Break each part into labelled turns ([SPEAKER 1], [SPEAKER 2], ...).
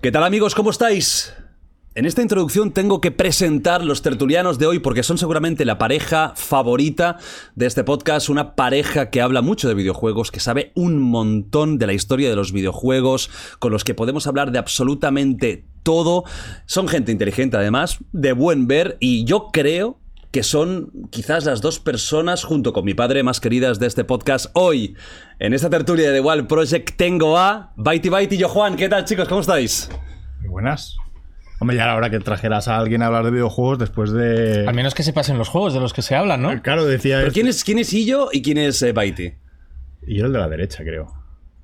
[SPEAKER 1] ¿Qué tal amigos? ¿Cómo estáis? En esta introducción tengo que presentar los tertulianos de hoy porque son seguramente la pareja favorita de este podcast, una pareja que habla mucho de videojuegos, que sabe un montón de la historia de los videojuegos, con los que podemos hablar de absolutamente todo. Son gente inteligente además, de buen ver y yo creo que son quizás las dos personas, junto con mi padre, más queridas de este podcast. Hoy, en esta tertulia de The Wild Project, tengo a Baiti Baiti y yo, Juan. ¿Qué tal, chicos? ¿Cómo estáis?
[SPEAKER 2] Muy buenas. Hombre, ya era hora que trajeras a alguien a hablar de videojuegos después de.
[SPEAKER 3] Al menos que se pasen los juegos de los que se hablan, ¿no?
[SPEAKER 2] Claro, decía.
[SPEAKER 1] ¿Pero
[SPEAKER 2] este-
[SPEAKER 1] quién es, quién es Illo y quién es eh, Baiti?
[SPEAKER 2] Y yo el de la derecha, creo.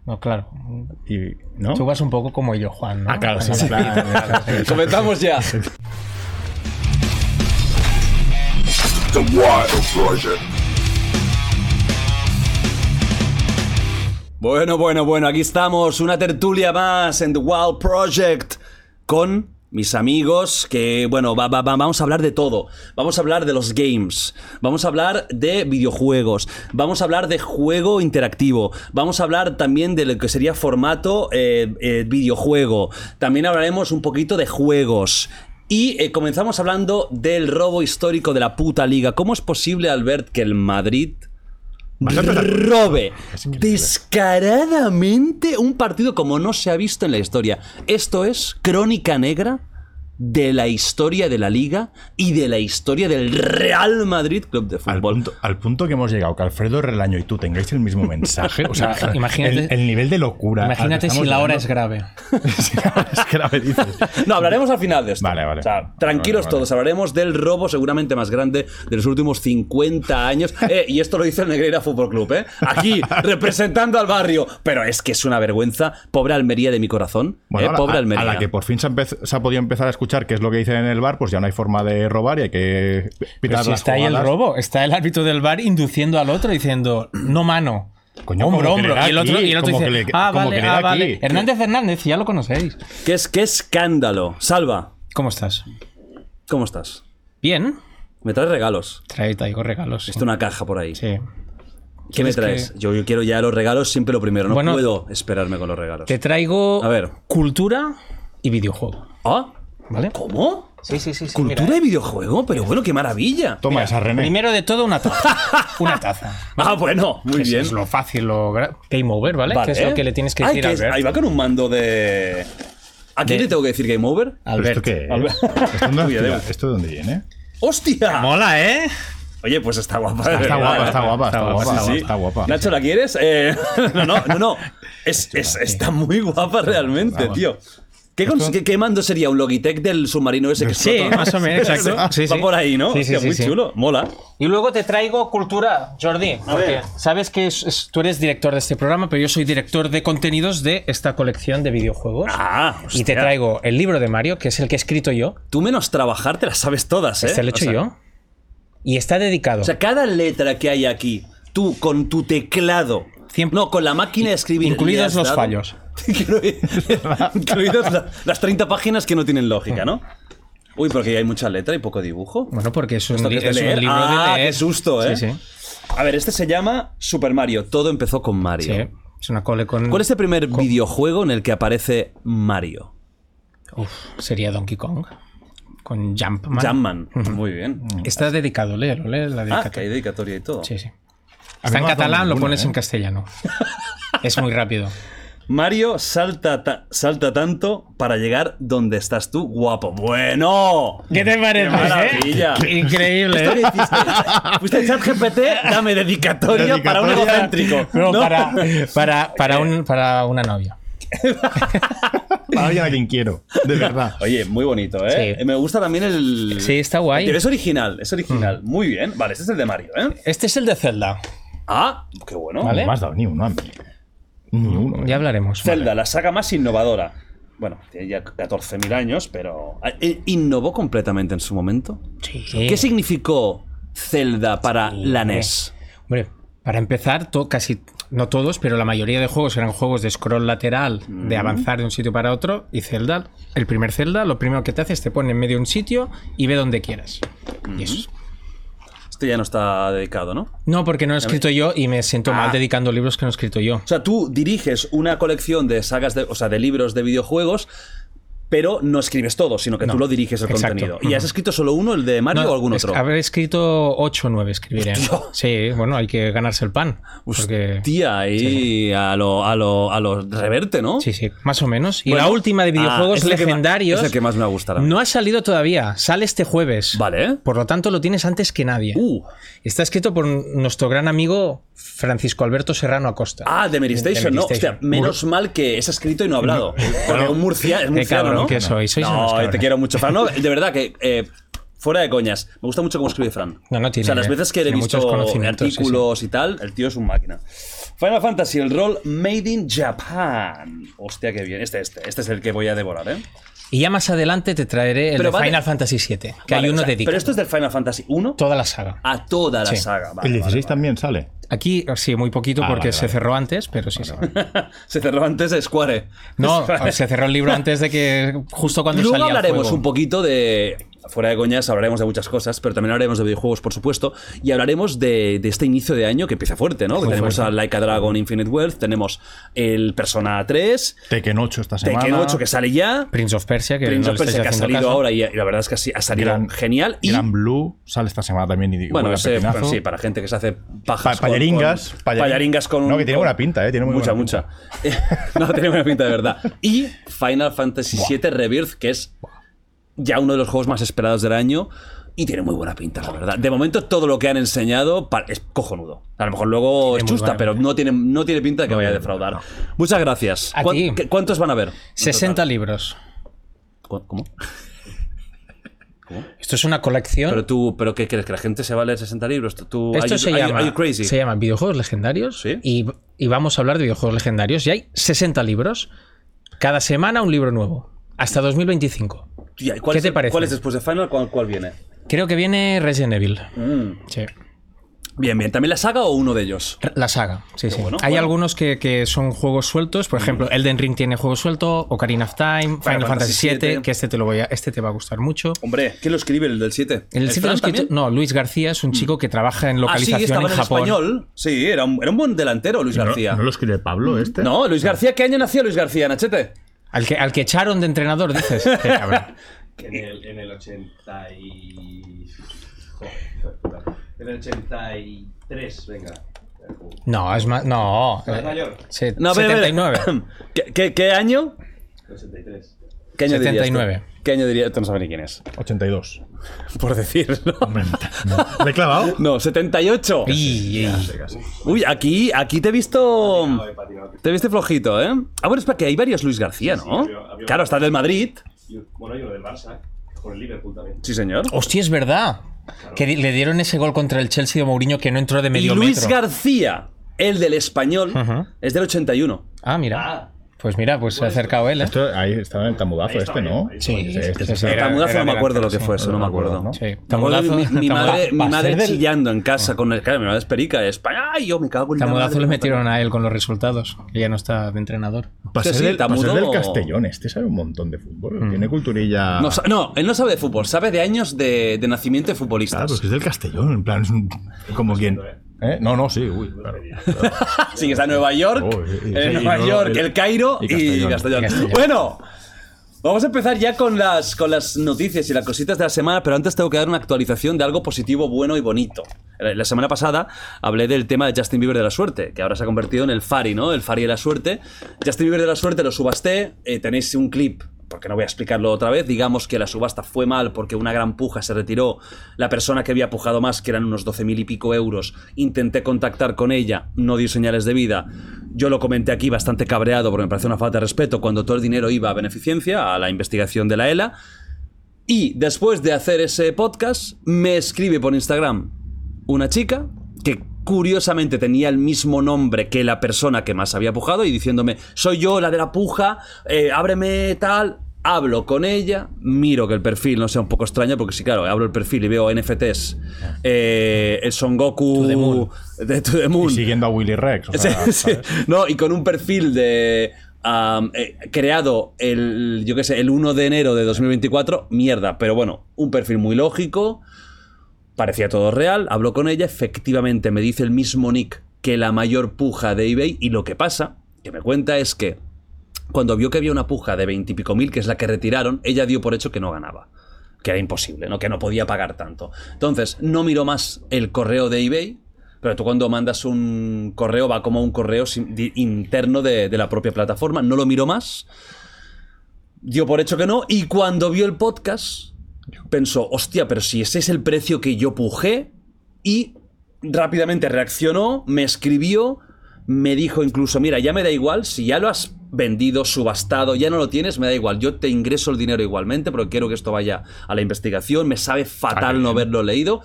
[SPEAKER 3] No, claro.
[SPEAKER 2] Y. ¿No?
[SPEAKER 3] Tú vas un poco como yo, Juan. ¿no?
[SPEAKER 2] Ah, claro, sí, sí, claro.
[SPEAKER 1] Comentamos ya.
[SPEAKER 4] The Wild Project.
[SPEAKER 1] Bueno, bueno, bueno, aquí estamos, una tertulia más en The Wild Project con mis amigos que, bueno, va- va- va- vamos a hablar de todo. Vamos a hablar de los games, vamos a hablar de videojuegos, vamos a hablar de juego interactivo, vamos a hablar también de lo que sería formato eh, eh, videojuego, también hablaremos un poquito de juegos. Y eh, comenzamos hablando del robo histórico de la puta liga. ¿Cómo es posible, Albert, que el Madrid robe descaradamente un partido como no se ha visto en la historia. Esto es crónica negra de la historia de la liga y de la historia del Real Madrid Club de
[SPEAKER 2] Al
[SPEAKER 1] Fútbol.
[SPEAKER 2] punto, al punto que hemos llegado, que Alfredo Relaño y tú tengáis el mismo mensaje. O sea,
[SPEAKER 3] No, imagínate-
[SPEAKER 2] el, el nivel de locura. al que
[SPEAKER 3] Imagínate si
[SPEAKER 2] estamos
[SPEAKER 3] la hora es
[SPEAKER 2] llegando.
[SPEAKER 3] grave.
[SPEAKER 2] Si la hora es grave, dices.
[SPEAKER 1] No, hablaremos al final de esto.
[SPEAKER 2] Vale, vale.
[SPEAKER 1] O sea, tranquilos
[SPEAKER 2] Vale, vale.
[SPEAKER 1] todos, hablaremos del robo seguramente más grande de los últimos 50 años. Eh, y esto lo dice el Negreira Fútbol Club, ¿eh? Aquí, representando al barrio. Pero es que es una vergüenza. Pobre Almería de mi corazón. eh,
[SPEAKER 2] Bueno, a la-
[SPEAKER 1] pobre
[SPEAKER 2] a,
[SPEAKER 1] Almería.
[SPEAKER 2] a la que por fin se, ha empez- se ha podido empezar a escuchar qué es lo que dicen en el bar, pues ya no hay forma de robar y hay que
[SPEAKER 3] Pero
[SPEAKER 2] pitar
[SPEAKER 3] si
[SPEAKER 2] las
[SPEAKER 3] está ahí el
[SPEAKER 2] jugadas.
[SPEAKER 3] robo, está el árbitro del bar induciendo al otro diciendo, no mano.
[SPEAKER 2] Coño,
[SPEAKER 3] hombro,
[SPEAKER 2] como que le
[SPEAKER 3] hombro.
[SPEAKER 2] da
[SPEAKER 3] Y el otro,
[SPEAKER 2] aquí,
[SPEAKER 3] y el otro
[SPEAKER 2] como
[SPEAKER 3] dice,
[SPEAKER 2] que le-
[SPEAKER 3] ah,
[SPEAKER 2] como que
[SPEAKER 3] vale,
[SPEAKER 2] le
[SPEAKER 3] ah,
[SPEAKER 2] da
[SPEAKER 3] vale.
[SPEAKER 2] aquí.
[SPEAKER 3] Hernández Hernández, ya lo conocéis.
[SPEAKER 1] ¿Qué, es, ¿Qué escándalo? Salva,
[SPEAKER 3] ¿Cómo estás?
[SPEAKER 1] ¿cómo estás?
[SPEAKER 3] Bien.
[SPEAKER 1] Me traes regalos.
[SPEAKER 3] Trae, traigo regalos. sí.
[SPEAKER 1] Está una caja por ahí.
[SPEAKER 3] Sí.
[SPEAKER 1] ¿Qué me
[SPEAKER 3] Es que-
[SPEAKER 1] traes? Yo, yo quiero ya los regalos, siempre lo primero. No
[SPEAKER 3] Bueno,
[SPEAKER 1] puedo esperarme con los regalos.
[SPEAKER 3] Te traigo
[SPEAKER 1] A ver.
[SPEAKER 3] cultura y videojuego.
[SPEAKER 1] ¿Ah?
[SPEAKER 3] ¿Vale?
[SPEAKER 1] ¿Cómo?
[SPEAKER 3] Sí, sí, sí. sí,
[SPEAKER 1] ¿Cultura
[SPEAKER 3] mira,
[SPEAKER 1] y
[SPEAKER 3] eh.
[SPEAKER 1] videojuego? Pero bueno, qué maravilla.
[SPEAKER 2] Toma esa, René.
[SPEAKER 3] Primero de todo, una taza. Una taza.
[SPEAKER 1] Ah, bueno, muy
[SPEAKER 3] Es-
[SPEAKER 1] bien.
[SPEAKER 3] Es lo fácil, lo gra- Game over, ¿vale? Que es lo que le tienes que
[SPEAKER 1] Ay,
[SPEAKER 3] decir a
[SPEAKER 1] que es-
[SPEAKER 3] Albert.
[SPEAKER 1] Ahí va con un mando de. ¿A quién
[SPEAKER 3] De-
[SPEAKER 1] le tengo que decir game over?
[SPEAKER 2] ¿Pero ¿Esto qué es? ¿Esto, no es
[SPEAKER 1] Uy,
[SPEAKER 2] tira-
[SPEAKER 1] adeu.
[SPEAKER 2] ¿Esto de dónde viene?
[SPEAKER 1] ¡Hostia!
[SPEAKER 3] Mola, ¿eh?
[SPEAKER 1] Oye, pues está guapa. de
[SPEAKER 2] Está
[SPEAKER 1] verdad,
[SPEAKER 2] guapa,
[SPEAKER 1] ¿eh?
[SPEAKER 2] está guapa, está
[SPEAKER 3] guapa,
[SPEAKER 2] guapa,
[SPEAKER 1] Sí, sí.
[SPEAKER 2] está guapa.
[SPEAKER 1] Nacho, ¿la quieres? Eh, no, no, no, no. Es, es-
[SPEAKER 2] eh.
[SPEAKER 1] está muy guapa realmente, tío. ¿Qué, cons- qué- qué mando sería? ¿Un Logitech del submarino ese que
[SPEAKER 3] Sí,
[SPEAKER 1] explotó?
[SPEAKER 3] más o menos, exacto. Sí,
[SPEAKER 1] Va
[SPEAKER 3] sí.
[SPEAKER 1] por ahí, ¿no?
[SPEAKER 3] Sí, sí,
[SPEAKER 1] Hostia,
[SPEAKER 3] sí,
[SPEAKER 1] muy
[SPEAKER 3] sí.
[SPEAKER 1] chulo. Mola.
[SPEAKER 3] Y luego te traigo cultura, Jordi. porque
[SPEAKER 1] ver.
[SPEAKER 3] Sabes que es- es- tú eres director de este programa, pero yo soy director de contenidos de esta colección de videojuegos.
[SPEAKER 1] Ah,
[SPEAKER 3] y te
[SPEAKER 1] hostia.
[SPEAKER 3] traigo el libro de Mario, que es el que he escrito yo.
[SPEAKER 1] Tú menos trabajar te las sabes todas, ¿eh?
[SPEAKER 3] Este lo he
[SPEAKER 1] O
[SPEAKER 3] hecho
[SPEAKER 1] sea,
[SPEAKER 3] yo. Y está dedicado.
[SPEAKER 1] O sea, cada letra que hay aquí, tú con tu teclado.
[SPEAKER 3] Cien-
[SPEAKER 1] No, con la máquina de escribir. le
[SPEAKER 3] Incluidos
[SPEAKER 1] has
[SPEAKER 3] los
[SPEAKER 1] dado-
[SPEAKER 3] fallos.
[SPEAKER 1] Incluidas la- las 30 páginas que no tienen lógica, ¿no? Uy, porque hay mucha letra y poco dibujo.
[SPEAKER 3] bueno, porque es un,
[SPEAKER 1] Esto que es
[SPEAKER 3] li-
[SPEAKER 1] de
[SPEAKER 3] es un
[SPEAKER 1] leer.
[SPEAKER 3] libro
[SPEAKER 1] Ah,
[SPEAKER 3] de leer.
[SPEAKER 1] qué susto, ¿eh?
[SPEAKER 3] Sí, sí.
[SPEAKER 1] A ver, este se llama Super Mario. Todo empezó con Mario.
[SPEAKER 3] Sí, Es una cole con.
[SPEAKER 1] ¿Cuál es el primer videojuego en el que aparece Mario?
[SPEAKER 3] Uf, sería Donkey Kong. Con Jumpman.
[SPEAKER 1] Jamman. Muy bien.
[SPEAKER 3] Está dedicado, léelo, lee la
[SPEAKER 1] Ah, que hay
[SPEAKER 3] Mm. dedicatoria.
[SPEAKER 1] dedicatoria y todo.
[SPEAKER 3] Sí, sí.
[SPEAKER 2] A mí no
[SPEAKER 3] Está en
[SPEAKER 2] me ha dado
[SPEAKER 3] catalán, lo
[SPEAKER 2] ninguna,
[SPEAKER 3] pones
[SPEAKER 2] ¿eh?
[SPEAKER 3] en castellano. Es muy rápido.
[SPEAKER 1] Mario salta, ta- salta tanto para llegar donde estás tú, guapo. Bueno.
[SPEAKER 3] ¿Qué te parece?
[SPEAKER 1] maravilla!
[SPEAKER 3] eh? Increíble.
[SPEAKER 1] ¿Esto
[SPEAKER 3] ¿eh?
[SPEAKER 1] qué hiciste? Fuiste a ChatGPT, dame dedicatoria, para un
[SPEAKER 2] Dedicatoria.
[SPEAKER 1] egocéntrico.
[SPEAKER 3] No,
[SPEAKER 1] ¿no?
[SPEAKER 3] Para, para, para, un, para una novia.
[SPEAKER 2] Para alguien a quien quiero, de verdad.
[SPEAKER 1] Oye, muy bonito, ¿eh?
[SPEAKER 3] Sí.
[SPEAKER 1] Me gusta también el.
[SPEAKER 3] Sí, está guay. Mm.
[SPEAKER 1] Pero es original, es original. Muy bien. Vale, este es el de Mario, ¿eh?
[SPEAKER 3] Este es el de Zelda.
[SPEAKER 1] Ah, qué bueno.
[SPEAKER 3] Vale.
[SPEAKER 2] No me has dado ni uno a mí. Ni uno.
[SPEAKER 3] Ya hablaremos.
[SPEAKER 1] Zelda, la saga más innovadora. Bueno, tiene ya 14.000 años, pero. Ah, eh, Innovó completamente en su momento.
[SPEAKER 3] Sí.
[SPEAKER 1] ¿Qué significó Zelda para la E NES?
[SPEAKER 3] Hombre, para empezar, to- casi no todos, pero la mayoría de juegos eran juegos de scroll lateral, de avanzar de un sitio para otro. Y Zelda, el primer Zelda, lo primero que te hace es te pone en medio de un sitio y ve donde quieras. Y eso es-
[SPEAKER 1] Este ya no está dedicado, ¿no?
[SPEAKER 3] No, porque no lo he escrito yo y me siento
[SPEAKER 1] Ah.
[SPEAKER 3] mal dedicando libros que no he escrito yo.
[SPEAKER 1] O sea, tú diriges una colección de sagas, de, o sea, de libros de videojuegos, pero no escribes todo, sino que tú lo diriges el
[SPEAKER 3] Exacto.
[SPEAKER 1] contenido. ¿Y
[SPEAKER 3] Ujú.
[SPEAKER 1] has escrito solo uno, el de Mario o algún
[SPEAKER 3] es-
[SPEAKER 1] otro?
[SPEAKER 3] Habré escrito 8 o 9, escribiré.
[SPEAKER 1] Hostia.
[SPEAKER 3] Sí, bueno, hay que ganarse el pan. Porque...
[SPEAKER 1] Hostia, ahí a, lo, a, lo, a lo reverte, ¿no?
[SPEAKER 3] Sí, sí, más o menos. Y
[SPEAKER 1] Bueno,
[SPEAKER 3] la última de
[SPEAKER 1] ah,
[SPEAKER 3] videojuegos
[SPEAKER 1] es la que ma-
[SPEAKER 3] legendarios.
[SPEAKER 1] es la que más me gustará.
[SPEAKER 3] No ha salido todavía, sale este jueves.
[SPEAKER 1] Vale.
[SPEAKER 3] Por lo tanto, lo tienes antes que nadie.
[SPEAKER 1] Uh,
[SPEAKER 3] Está escrito por nuestro gran amigo Francisco Alberto Serrano Acosta.
[SPEAKER 1] ah, de Mary Station,
[SPEAKER 3] Mary
[SPEAKER 1] ¿no?
[SPEAKER 3] Station.
[SPEAKER 1] Hostia, menos mal que es escrito y no hablado. Porque un murcia, es
[SPEAKER 3] Qué
[SPEAKER 1] murciano, ¿no?
[SPEAKER 3] cabrón que sois, sois unos
[SPEAKER 1] no,
[SPEAKER 3] cabrones.
[SPEAKER 1] te quiero mucho, Fran. No, de verdad que... eh, Fuera de coñas, me gusta mucho cómo escribe Fran.
[SPEAKER 3] No, no tiene-
[SPEAKER 1] o sea, las veces que le he
[SPEAKER 3] tiene
[SPEAKER 1] visto
[SPEAKER 3] muchos conocimientos,
[SPEAKER 1] artículos y tal, el tío es un máquina. Final Fantasy, el rol Made in Japan. Hostia, qué bien. Este, este, este es el que voy a devorar, ¿eh?
[SPEAKER 3] Y ya más adelante te traeré el
[SPEAKER 1] Pero
[SPEAKER 3] de
[SPEAKER 1] vale.
[SPEAKER 3] Final Fantasy VII, que
[SPEAKER 1] Vale,
[SPEAKER 3] hay
[SPEAKER 1] o
[SPEAKER 3] uno
[SPEAKER 1] sea,
[SPEAKER 3] dedicado.
[SPEAKER 1] Pero esto es del Final Fantasy 1
[SPEAKER 3] Toda la saga.
[SPEAKER 1] a toda la
[SPEAKER 3] Sí.
[SPEAKER 1] saga. Vale,
[SPEAKER 2] el 16
[SPEAKER 1] vale,
[SPEAKER 2] también sale.
[SPEAKER 3] Aquí sí, muy poquito
[SPEAKER 2] Ah,
[SPEAKER 3] porque
[SPEAKER 2] vale,
[SPEAKER 3] se
[SPEAKER 2] vale.
[SPEAKER 3] cerró antes, pero sí, sí.
[SPEAKER 1] vale. Se cerró antes de Square.
[SPEAKER 3] No, se cerró el libro antes de que justo cuando
[SPEAKER 1] Luego
[SPEAKER 3] salía el
[SPEAKER 1] hablaremos
[SPEAKER 3] juego.
[SPEAKER 1] un poquito de. Fuera de coñas, hablaremos de muchas cosas, pero también hablaremos de videojuegos, por supuesto. Y hablaremos de, de este inicio de año que empieza fuerte, ¿no? Que tenemos a Like a Dragon Infinite Wealth, tenemos el Persona 3,
[SPEAKER 2] Tekken 8 esta semana.
[SPEAKER 1] Tekken 8 que sale ya,
[SPEAKER 3] Prince of Persia, que
[SPEAKER 1] Prince
[SPEAKER 3] no
[SPEAKER 1] of
[SPEAKER 3] le estáis
[SPEAKER 1] Persia que ha
[SPEAKER 3] haciendo
[SPEAKER 1] salido
[SPEAKER 3] caso.
[SPEAKER 1] ahora y, y la verdad es que sí, ha salido
[SPEAKER 2] Gran-
[SPEAKER 1] genial. Y
[SPEAKER 2] Gran Blue sale esta semana también. Y,
[SPEAKER 1] Bueno,
[SPEAKER 2] huele a
[SPEAKER 1] ese,
[SPEAKER 2] pepinazo.
[SPEAKER 1] pues sí, para gente que se hace pajas.
[SPEAKER 2] Pa- payaringas,
[SPEAKER 1] Con, con,
[SPEAKER 2] payarin-
[SPEAKER 1] payaringas con.
[SPEAKER 2] No, que tiene
[SPEAKER 1] con-
[SPEAKER 2] buena pinta, eh, tiene muy
[SPEAKER 1] mucha,
[SPEAKER 2] buena
[SPEAKER 1] mucha. no, tiene buena pinta, de verdad. Y Final Fantasy VII Rebirth, que es ya uno de los juegos más esperados del año. Y tiene muy buena pinta, la verdad. De momento, todo lo que han enseñado pa- es cojonudo. A lo mejor luego es
[SPEAKER 3] muy
[SPEAKER 1] chusta,
[SPEAKER 3] buena
[SPEAKER 1] pero no tiene, no tiene pinta de que vaya a defraudar. Muchas gracias.
[SPEAKER 3] A
[SPEAKER 1] ¿Cuán-
[SPEAKER 3] ti.
[SPEAKER 1] qué- ¿Cuántos van a ver?
[SPEAKER 3] 60 libros.
[SPEAKER 1] ¿Cu- ¿Cómo?
[SPEAKER 3] Esto es una colección.
[SPEAKER 1] Pero tú, ¿pero qué crees? ¿Que la gente se va a leer 60 libros? ¿Tú- tú-
[SPEAKER 3] Esto
[SPEAKER 1] are you-
[SPEAKER 3] se,
[SPEAKER 1] are you-
[SPEAKER 3] llama,
[SPEAKER 1] are you crazy?
[SPEAKER 3] se llama Videojuegos Legendarios
[SPEAKER 1] Sí.
[SPEAKER 3] y, y vamos a hablar de videojuegos legendarios. Y hay 60 libros, cada semana un libro nuevo, hasta 2025.
[SPEAKER 1] Tía, ¿y cuál
[SPEAKER 3] ¿Qué
[SPEAKER 1] es
[SPEAKER 3] te
[SPEAKER 1] el-
[SPEAKER 3] parece?
[SPEAKER 1] ¿Cuál es después de Final? ¿Cuál, cuál viene?
[SPEAKER 3] Creo que viene Resident Evil.
[SPEAKER 1] Mm.
[SPEAKER 3] Sí.
[SPEAKER 1] Bien, bien. ¿También la saga o uno de ellos?
[SPEAKER 3] R- La saga, sí, sí.
[SPEAKER 1] bueno,
[SPEAKER 3] Hay
[SPEAKER 1] bueno.
[SPEAKER 3] algunos que, que son juegos sueltos, por ejemplo, Elden Ring tiene juego suelto, Ocarina of Time, Final,
[SPEAKER 1] Fantasy
[SPEAKER 3] Fantasy
[SPEAKER 1] VII,
[SPEAKER 3] VII, que este te, lo voy a, este te va a gustar mucho.
[SPEAKER 1] Hombre, ¿quién lo escribe el del 7?
[SPEAKER 3] El sitio lo ha escrito-
[SPEAKER 1] también? Mm.
[SPEAKER 3] no, Luis García es un chico que trabaja en
[SPEAKER 1] Ah, sí,
[SPEAKER 3] localización
[SPEAKER 1] estaba
[SPEAKER 3] en
[SPEAKER 1] en,
[SPEAKER 3] Japón.
[SPEAKER 1] español. Sí, era un, era un buen delantero Luis García. Mm, No,
[SPEAKER 2] lo escribe Pablo este?
[SPEAKER 1] Luis García, ¿qué año nació Luis García, Nachete?
[SPEAKER 3] Al que, al que echaron de entrenador, dices. Qué cabrón.
[SPEAKER 5] En el, en el 80 y... Joder, puta. En el 83, venga.
[SPEAKER 3] No, es más. No.
[SPEAKER 5] ¿Es mayor?
[SPEAKER 3] Se-
[SPEAKER 1] No, espera, espera.
[SPEAKER 3] 79.
[SPEAKER 1] ¿Qué, qué, qué año?
[SPEAKER 5] 83.
[SPEAKER 1] ¿Qué año dirías tú?
[SPEAKER 3] 79.
[SPEAKER 1] ¿Qué año dirías? Tú no sabes ni quién es.
[SPEAKER 2] 82.
[SPEAKER 1] Por decirlo.
[SPEAKER 2] Hombre, me- ¿Le he clavado?
[SPEAKER 1] No, 78.
[SPEAKER 3] Y- y-
[SPEAKER 1] Uy, aquí, aquí te he visto. Te viste flojito, ¿eh? Ah, bueno, es para que hay varios Luis García, ¿no?
[SPEAKER 5] había- había-
[SPEAKER 1] Claro, está el del Madrid.
[SPEAKER 5] Y un- bueno, hay uno del Barça, con el Liverpool también.
[SPEAKER 1] Sí, señor.
[SPEAKER 3] Hostia, es verdad. Que di- le dieron ese gol contra el Chelsea de Mourinho que no entró de
[SPEAKER 1] Y
[SPEAKER 3] medio
[SPEAKER 1] Luis
[SPEAKER 3] metro.
[SPEAKER 1] García, el del español,
[SPEAKER 3] Ujú.
[SPEAKER 1] es del 81.
[SPEAKER 3] Ah, mira. Pues mira, pues se ha acercado él, ¿eh?
[SPEAKER 2] Esto, ahí estaba en el tamudazo este, ¿no?
[SPEAKER 3] Sí,
[SPEAKER 2] Este- este-
[SPEAKER 3] sí, sí. Era-
[SPEAKER 1] Tamudazo
[SPEAKER 3] era
[SPEAKER 1] no me acuerdo
[SPEAKER 3] delantero,
[SPEAKER 1] lo que
[SPEAKER 3] sí.
[SPEAKER 1] fue eso, no me
[SPEAKER 2] No me
[SPEAKER 1] acuerdo.
[SPEAKER 2] acuerdo, ¿no?
[SPEAKER 3] Sí.
[SPEAKER 1] Me acuerdo de
[SPEAKER 3] Tamudazo,
[SPEAKER 1] mi, mi
[SPEAKER 3] Tamudazo-
[SPEAKER 1] madre, mi
[SPEAKER 3] va a
[SPEAKER 1] madre
[SPEAKER 3] ser del-
[SPEAKER 1] chillando en casa con el. Claro, mi madre es perica, es pa- Ay, yo me cago en la
[SPEAKER 3] Tamudazo
[SPEAKER 1] madre".
[SPEAKER 3] le metieron a él con los resultados. que ya no está de entrenador.
[SPEAKER 2] Para
[SPEAKER 1] Sí,
[SPEAKER 2] ser
[SPEAKER 1] sí,
[SPEAKER 2] del, para ser
[SPEAKER 1] Tamudo-
[SPEAKER 2] del Castellón, este sabe un montón de fútbol. Tiene culturilla.
[SPEAKER 1] No, sa- no, él no sabe de fútbol, sabe de años de, de nacimiento de futbolistas.
[SPEAKER 3] Ah,
[SPEAKER 2] Claro,
[SPEAKER 3] pues
[SPEAKER 2] pero es que es del Castellón, en plan, es un- como quien. ¿Eh? No, no, sí, uy, claro.
[SPEAKER 1] Sí, que está en Nueva York,
[SPEAKER 2] Oh, y- y-
[SPEAKER 1] en
[SPEAKER 2] y-
[SPEAKER 1] Nueva
[SPEAKER 2] y-
[SPEAKER 1] York,
[SPEAKER 2] y-
[SPEAKER 1] el Cairo y
[SPEAKER 2] y Castellón.
[SPEAKER 1] Castellón.
[SPEAKER 3] Y Castellón.
[SPEAKER 1] Bueno, vamos a empezar ya con las, con las noticias y las cositas de la semana, pero antes tengo que dar una actualización de algo positivo, bueno y bonito. Eh, La la semana pasada hablé del tema de Justin Bieber de la suerte, que ahora se ha convertido en el Fari, ¿no? El Fari de la suerte. Justin Bieber de la suerte lo subasté, eh, tenéis un clip porque no voy a explicarlo otra vez, digamos que la subasta fue mal porque una gran puja se retiró, la persona que había pujado más, que eran unos 12.000 y pico euros, intenté contactar con ella, no dio señales de vida, yo lo comenté aquí bastante cabreado porque me parece una falta de respeto cuando todo el dinero iba a beneficencia, a la investigación de la E ELA, y después de hacer ese podcast, me escribe por Instagram una chica que curiosamente tenía el mismo nombre que la persona que más había pujado y diciéndome, soy yo la de la puja, eh, ábreme tal. Hablo con ella, miro que el perfil no sea un poco extraño, porque sí, claro, abro el perfil y veo NFTs, eh, el Son Goku de To The Moon.
[SPEAKER 2] Y siguiendo a Willy Rex. o sea,
[SPEAKER 1] Sí, sí. No, y con un perfil de. am, eh, creado el, yo qué sé, el 1 de enero de 2024, mierda, pero bueno, un perfil muy lógico, parecía todo real, habló con ella, efectivamente me dice el mismo Nick que la mayor puja de eBay y lo que pasa, que me cuenta es que cuando vio que había una puja de veintipico mil, que es la que retiraron, ella dio por hecho que no ganaba. Que era imposible, ¿no? Que no podía pagar tanto. Entonces, no miró más el correo de eBay, pero tú cuando mandas un correo va como un correo sin- di- interno de, de la propia plataforma. No lo miró más. Dio por hecho que no. Y cuando vio el podcast, pensó, hostia, pero si ese es el precio que yo pujé. Y rápidamente reaccionó, me escribió, me dijo incluso, mira, ya me da igual, si ya lo has vendido, subastado, ya no lo tienes, me da igual. Yo te ingreso el dinero igualmente, pero quiero que esto vaya a la investigación. Me sabe fatal no haberlo leído.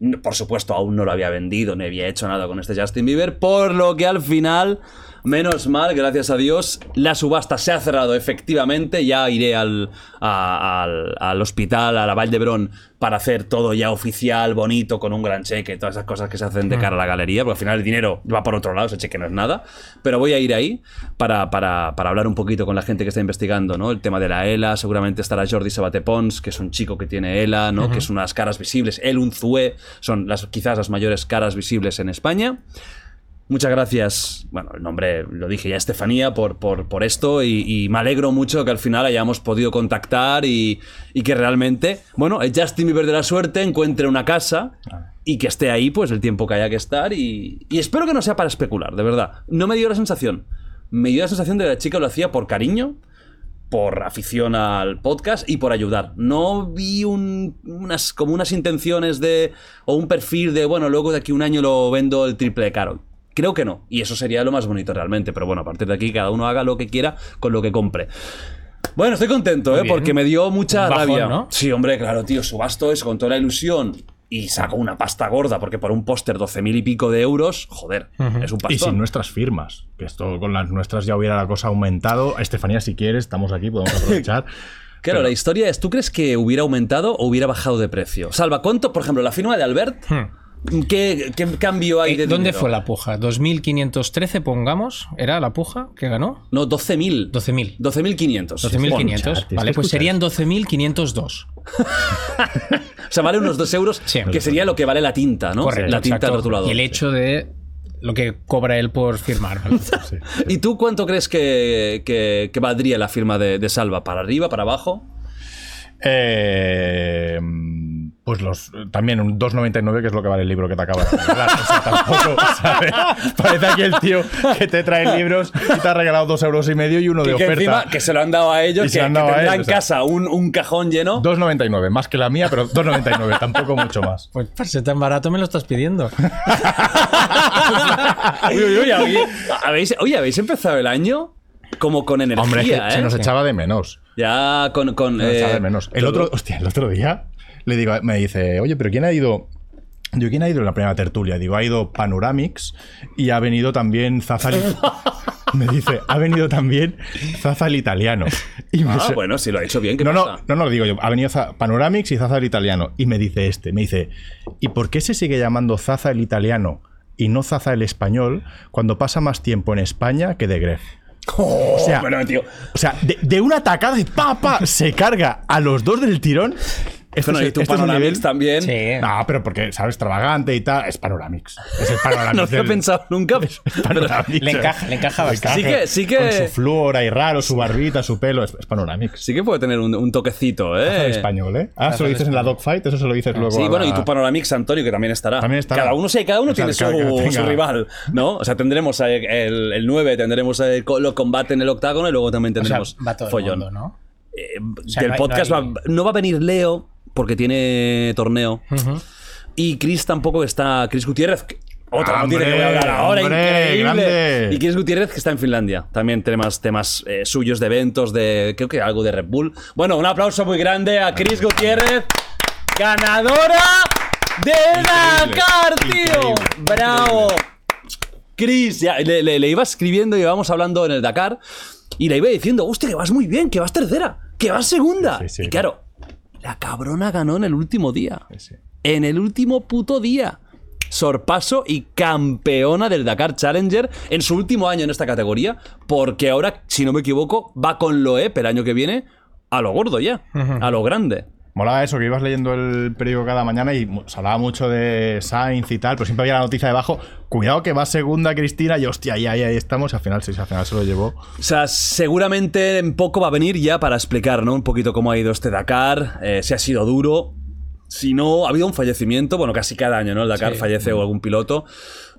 [SPEAKER 1] No, Por supuesto, aún no lo había vendido, ni había hecho nada con este Justin Bieber, por lo que al final, menos mal, gracias a Dios, la subasta se ha cerrado efectivamente. Ya iré al, a- al, al hospital, a la Vall d'Hebron, para hacer todo ya oficial, bonito, con un gran cheque, todas esas cosas que se hacen de cara a la galería, porque al final el dinero va por otro lado, ese cheque no es nada. Pero voy a ir ahí para, para, para hablar un poquito con la gente que está investigando, ¿no? El tema de la ELA, seguramente estará Jordi Sabate Pons, que es un chico que tiene ELA, ¿no? Que es una de las caras visibles. El Unzue son las, quizás las mayores caras visibles en España. Muchas gracias, bueno, el nombre lo dije ya, Estefanía, por, por, por esto y, y me alegro mucho que al final hayamos podido contactar y, y que realmente, bueno, el Justin Bieber de la suerte encuentre una casa y que esté ahí pues el tiempo que haya que estar y, y espero que no sea para especular, de verdad. No me dio la sensación, me dio la sensación de que la chica lo hacía por cariño, por afición al podcast y por ayudar. No vi un- unas, como unas intenciones de. o un perfil de, bueno, luego de aquí un año lo vendo el triple de caro. Creo que no. Y eso sería lo más bonito realmente. Pero bueno, a partir de aquí cada uno haga lo que quiera con lo que compre. Bueno, estoy contento, ¿eh?
[SPEAKER 6] bien.
[SPEAKER 1] Porque me dio mucha
[SPEAKER 6] Un bajón,
[SPEAKER 1] rabia.
[SPEAKER 6] ¿no?
[SPEAKER 1] Sí, hombre, claro, tío, subasto eso con toda la ilusión. Y saco una pasta gorda, porque por un póster 12.000 y pico de euros, joder, es un pastón.
[SPEAKER 2] Y sin nuestras firmas, que esto con las nuestras ya hubiera la cosa aumentado. Estefanía, si quieres, estamos aquí, podemos aprovechar.
[SPEAKER 1] Claro, la historia es, ¿tú crees que hubiera aumentado o hubiera bajado de precio? Salva, ¿cuánto, por ejemplo, la firma de Albert? ¿Qué, qué cambio hay
[SPEAKER 6] Eh,
[SPEAKER 1] de
[SPEAKER 6] ¿Dónde
[SPEAKER 1] dinero?
[SPEAKER 6] fue la puja? 2513, pongamos, era la puja que ganó.
[SPEAKER 1] No, 12.000.
[SPEAKER 6] 12.000.
[SPEAKER 1] 12.500.
[SPEAKER 6] 12.500.
[SPEAKER 2] Escuchad,
[SPEAKER 6] Vale, pues
[SPEAKER 2] escuchad.
[SPEAKER 6] serían 12.502.
[SPEAKER 1] O sea, vale unos 2 euros,
[SPEAKER 6] Sí.
[SPEAKER 1] que sería lo que vale la tinta, ¿no?
[SPEAKER 6] Correcto.
[SPEAKER 1] la tinta
[SPEAKER 6] exacto.
[SPEAKER 1] del rotulador.
[SPEAKER 6] Y el hecho de lo que cobra él por firmar. ¿vale?
[SPEAKER 2] Sí.
[SPEAKER 1] ¿Y tú cuánto crees que, que- que valdría la firma de, de Salva? ¿Para arriba, para abajo?
[SPEAKER 2] Eh, pues los también un 2.99 que es lo que vale el libro que te acaba de regalar. O sea, tampoco, ¿sabes? Parece aquí el tío que te trae libros y te ha regalado dos euros y medio y uno de
[SPEAKER 1] Y que
[SPEAKER 2] oferta.
[SPEAKER 1] encima, que se lo han dado a ellos,
[SPEAKER 2] Y
[SPEAKER 1] que,
[SPEAKER 2] se lo han
[SPEAKER 1] que
[SPEAKER 2] dado a
[SPEAKER 1] tendrá
[SPEAKER 2] él,
[SPEAKER 1] en
[SPEAKER 2] o sea.
[SPEAKER 1] casa un, un cajón lleno.
[SPEAKER 2] 2.99, más que la mía, pero 2.99, tampoco mucho más.
[SPEAKER 6] Pues para ser tan barato me lo estás pidiendo.
[SPEAKER 1] Uy, uy, uy, oye, ¿habéis, oye, ¿habéis empezado el año? Como con energía,
[SPEAKER 2] Hombre, es que
[SPEAKER 1] ¿eh?
[SPEAKER 2] se nos echaba de menos.
[SPEAKER 1] Ya con. con
[SPEAKER 2] Se nos echaba
[SPEAKER 1] eh,
[SPEAKER 2] de menos. El otro, hostia, el otro día le digo, me dice, oye, pero ¿quién ha ido? Digo, ¿quién ha ido en la primera tertulia? Digo, ha ido Panoramics y ha venido también Zazal. me dice, ha venido también Zazal italiano. Y me
[SPEAKER 1] Ah,
[SPEAKER 2] se-
[SPEAKER 1] bueno, si lo ha hecho bien, ¿qué
[SPEAKER 2] no, no,
[SPEAKER 1] pasa?
[SPEAKER 2] no, no, digo yo. Ha venido Za- Panoramics y Zaza el italiano. Y me dice este, me dice, ¿y por qué se sigue llamando Zaza el italiano y no Zaza el español cuando pasa más tiempo en España que de Grecia? o sea,
[SPEAKER 1] Bueno, tío.
[SPEAKER 2] o sea, de, de una tacada de papa se carga a los dos del tirón. Esto
[SPEAKER 1] Bueno,
[SPEAKER 2] es-
[SPEAKER 1] y tu
[SPEAKER 2] esto es un
[SPEAKER 1] Panoramics
[SPEAKER 2] nivel-
[SPEAKER 1] también.
[SPEAKER 6] Sí.
[SPEAKER 2] No, pero porque, ¿sabes? Extravagante y tal. Es Panoramix. Es el Panoramix.
[SPEAKER 1] No lo he
[SPEAKER 2] del-
[SPEAKER 1] pensado nunca. pero-
[SPEAKER 2] es Panoramix.
[SPEAKER 6] Le encaja, le encaja bastante.
[SPEAKER 1] Sí que, sí que-
[SPEAKER 2] Con su flúor ahí raro, su barbita, su pelo. Es, es Panoramix.
[SPEAKER 1] sí que puede tener un, un toquecito, ¿eh?
[SPEAKER 2] El español, ¿eh? Ah, se lo dices en la dogfight, eso se lo dices luego.
[SPEAKER 1] Sí,
[SPEAKER 2] a
[SPEAKER 1] bueno,
[SPEAKER 2] la-
[SPEAKER 1] y tu Panoramix, Antonio, que también estará.
[SPEAKER 2] También estará.
[SPEAKER 1] Cada uno, sí, cada uno
[SPEAKER 2] O sea,
[SPEAKER 1] tiene
[SPEAKER 2] cada- cada-
[SPEAKER 1] su,
[SPEAKER 2] tenga-
[SPEAKER 1] su rival, ¿no? O sea, tendremos el, el, 9, tendremos el, co- lo combate en el octágono y luego también
[SPEAKER 6] O sea,
[SPEAKER 1] tendremos
[SPEAKER 6] va todo el
[SPEAKER 1] follón.
[SPEAKER 6] mundo, ¿no?
[SPEAKER 1] Eh,
[SPEAKER 6] sea,
[SPEAKER 1] del
[SPEAKER 6] no hay-
[SPEAKER 1] podcast
[SPEAKER 6] no
[SPEAKER 1] va-
[SPEAKER 6] hay-
[SPEAKER 1] no, va a venir Leo porque tiene torneo. Y Chris tampoco está. Chris Gutiérrez. que- Otra
[SPEAKER 2] Ah, ¡Hombre,
[SPEAKER 1] noticia que voy a hablar ahora,
[SPEAKER 2] hombre,
[SPEAKER 1] increíble.
[SPEAKER 2] grande!
[SPEAKER 1] Y Chris Gutiérrez, que está en Finlandia. También temas, temas eh, suyos de eventos, de creo que algo de Red Bull. Bueno, un aplauso muy grande a Chris Gutiérrez, ganadora de Dakar, tío.
[SPEAKER 2] increíble,
[SPEAKER 1] ¡Bravo! Chris, ya, le, le- le iba escribiendo y íbamos hablando en el Dakar y le iba diciendo, hostia, que vas muy bien, que vas tercera, que vas segunda.
[SPEAKER 2] Sí, sí.
[SPEAKER 1] Y claro, la cabrona ganó en el último día.
[SPEAKER 2] Sí.
[SPEAKER 1] En el último puto día. Sorpaso y campeona del Dakar Challenger en su último año en esta categoría, porque ahora, si no me equivoco, va con Loeb el año que viene a lo gordo ya, a lo grande.
[SPEAKER 2] Molaba eso, que ibas leyendo el periódico cada mañana y mu- se hablaba mucho de Sainz y tal, pero siempre había la noticia debajo. Cuidado que va segunda Cristina y hostia, ahí, ahí, ahí estamos. Y al final sí, al final se lo llevó.
[SPEAKER 1] O sea, seguramente en poco va a venir ya para explicar, ¿no? Un poquito cómo ha ido este Dakar, eh, si ha sido duro, si no, ha habido un fallecimiento, bueno, casi cada año, ¿no? El Dakar fallece o algún piloto,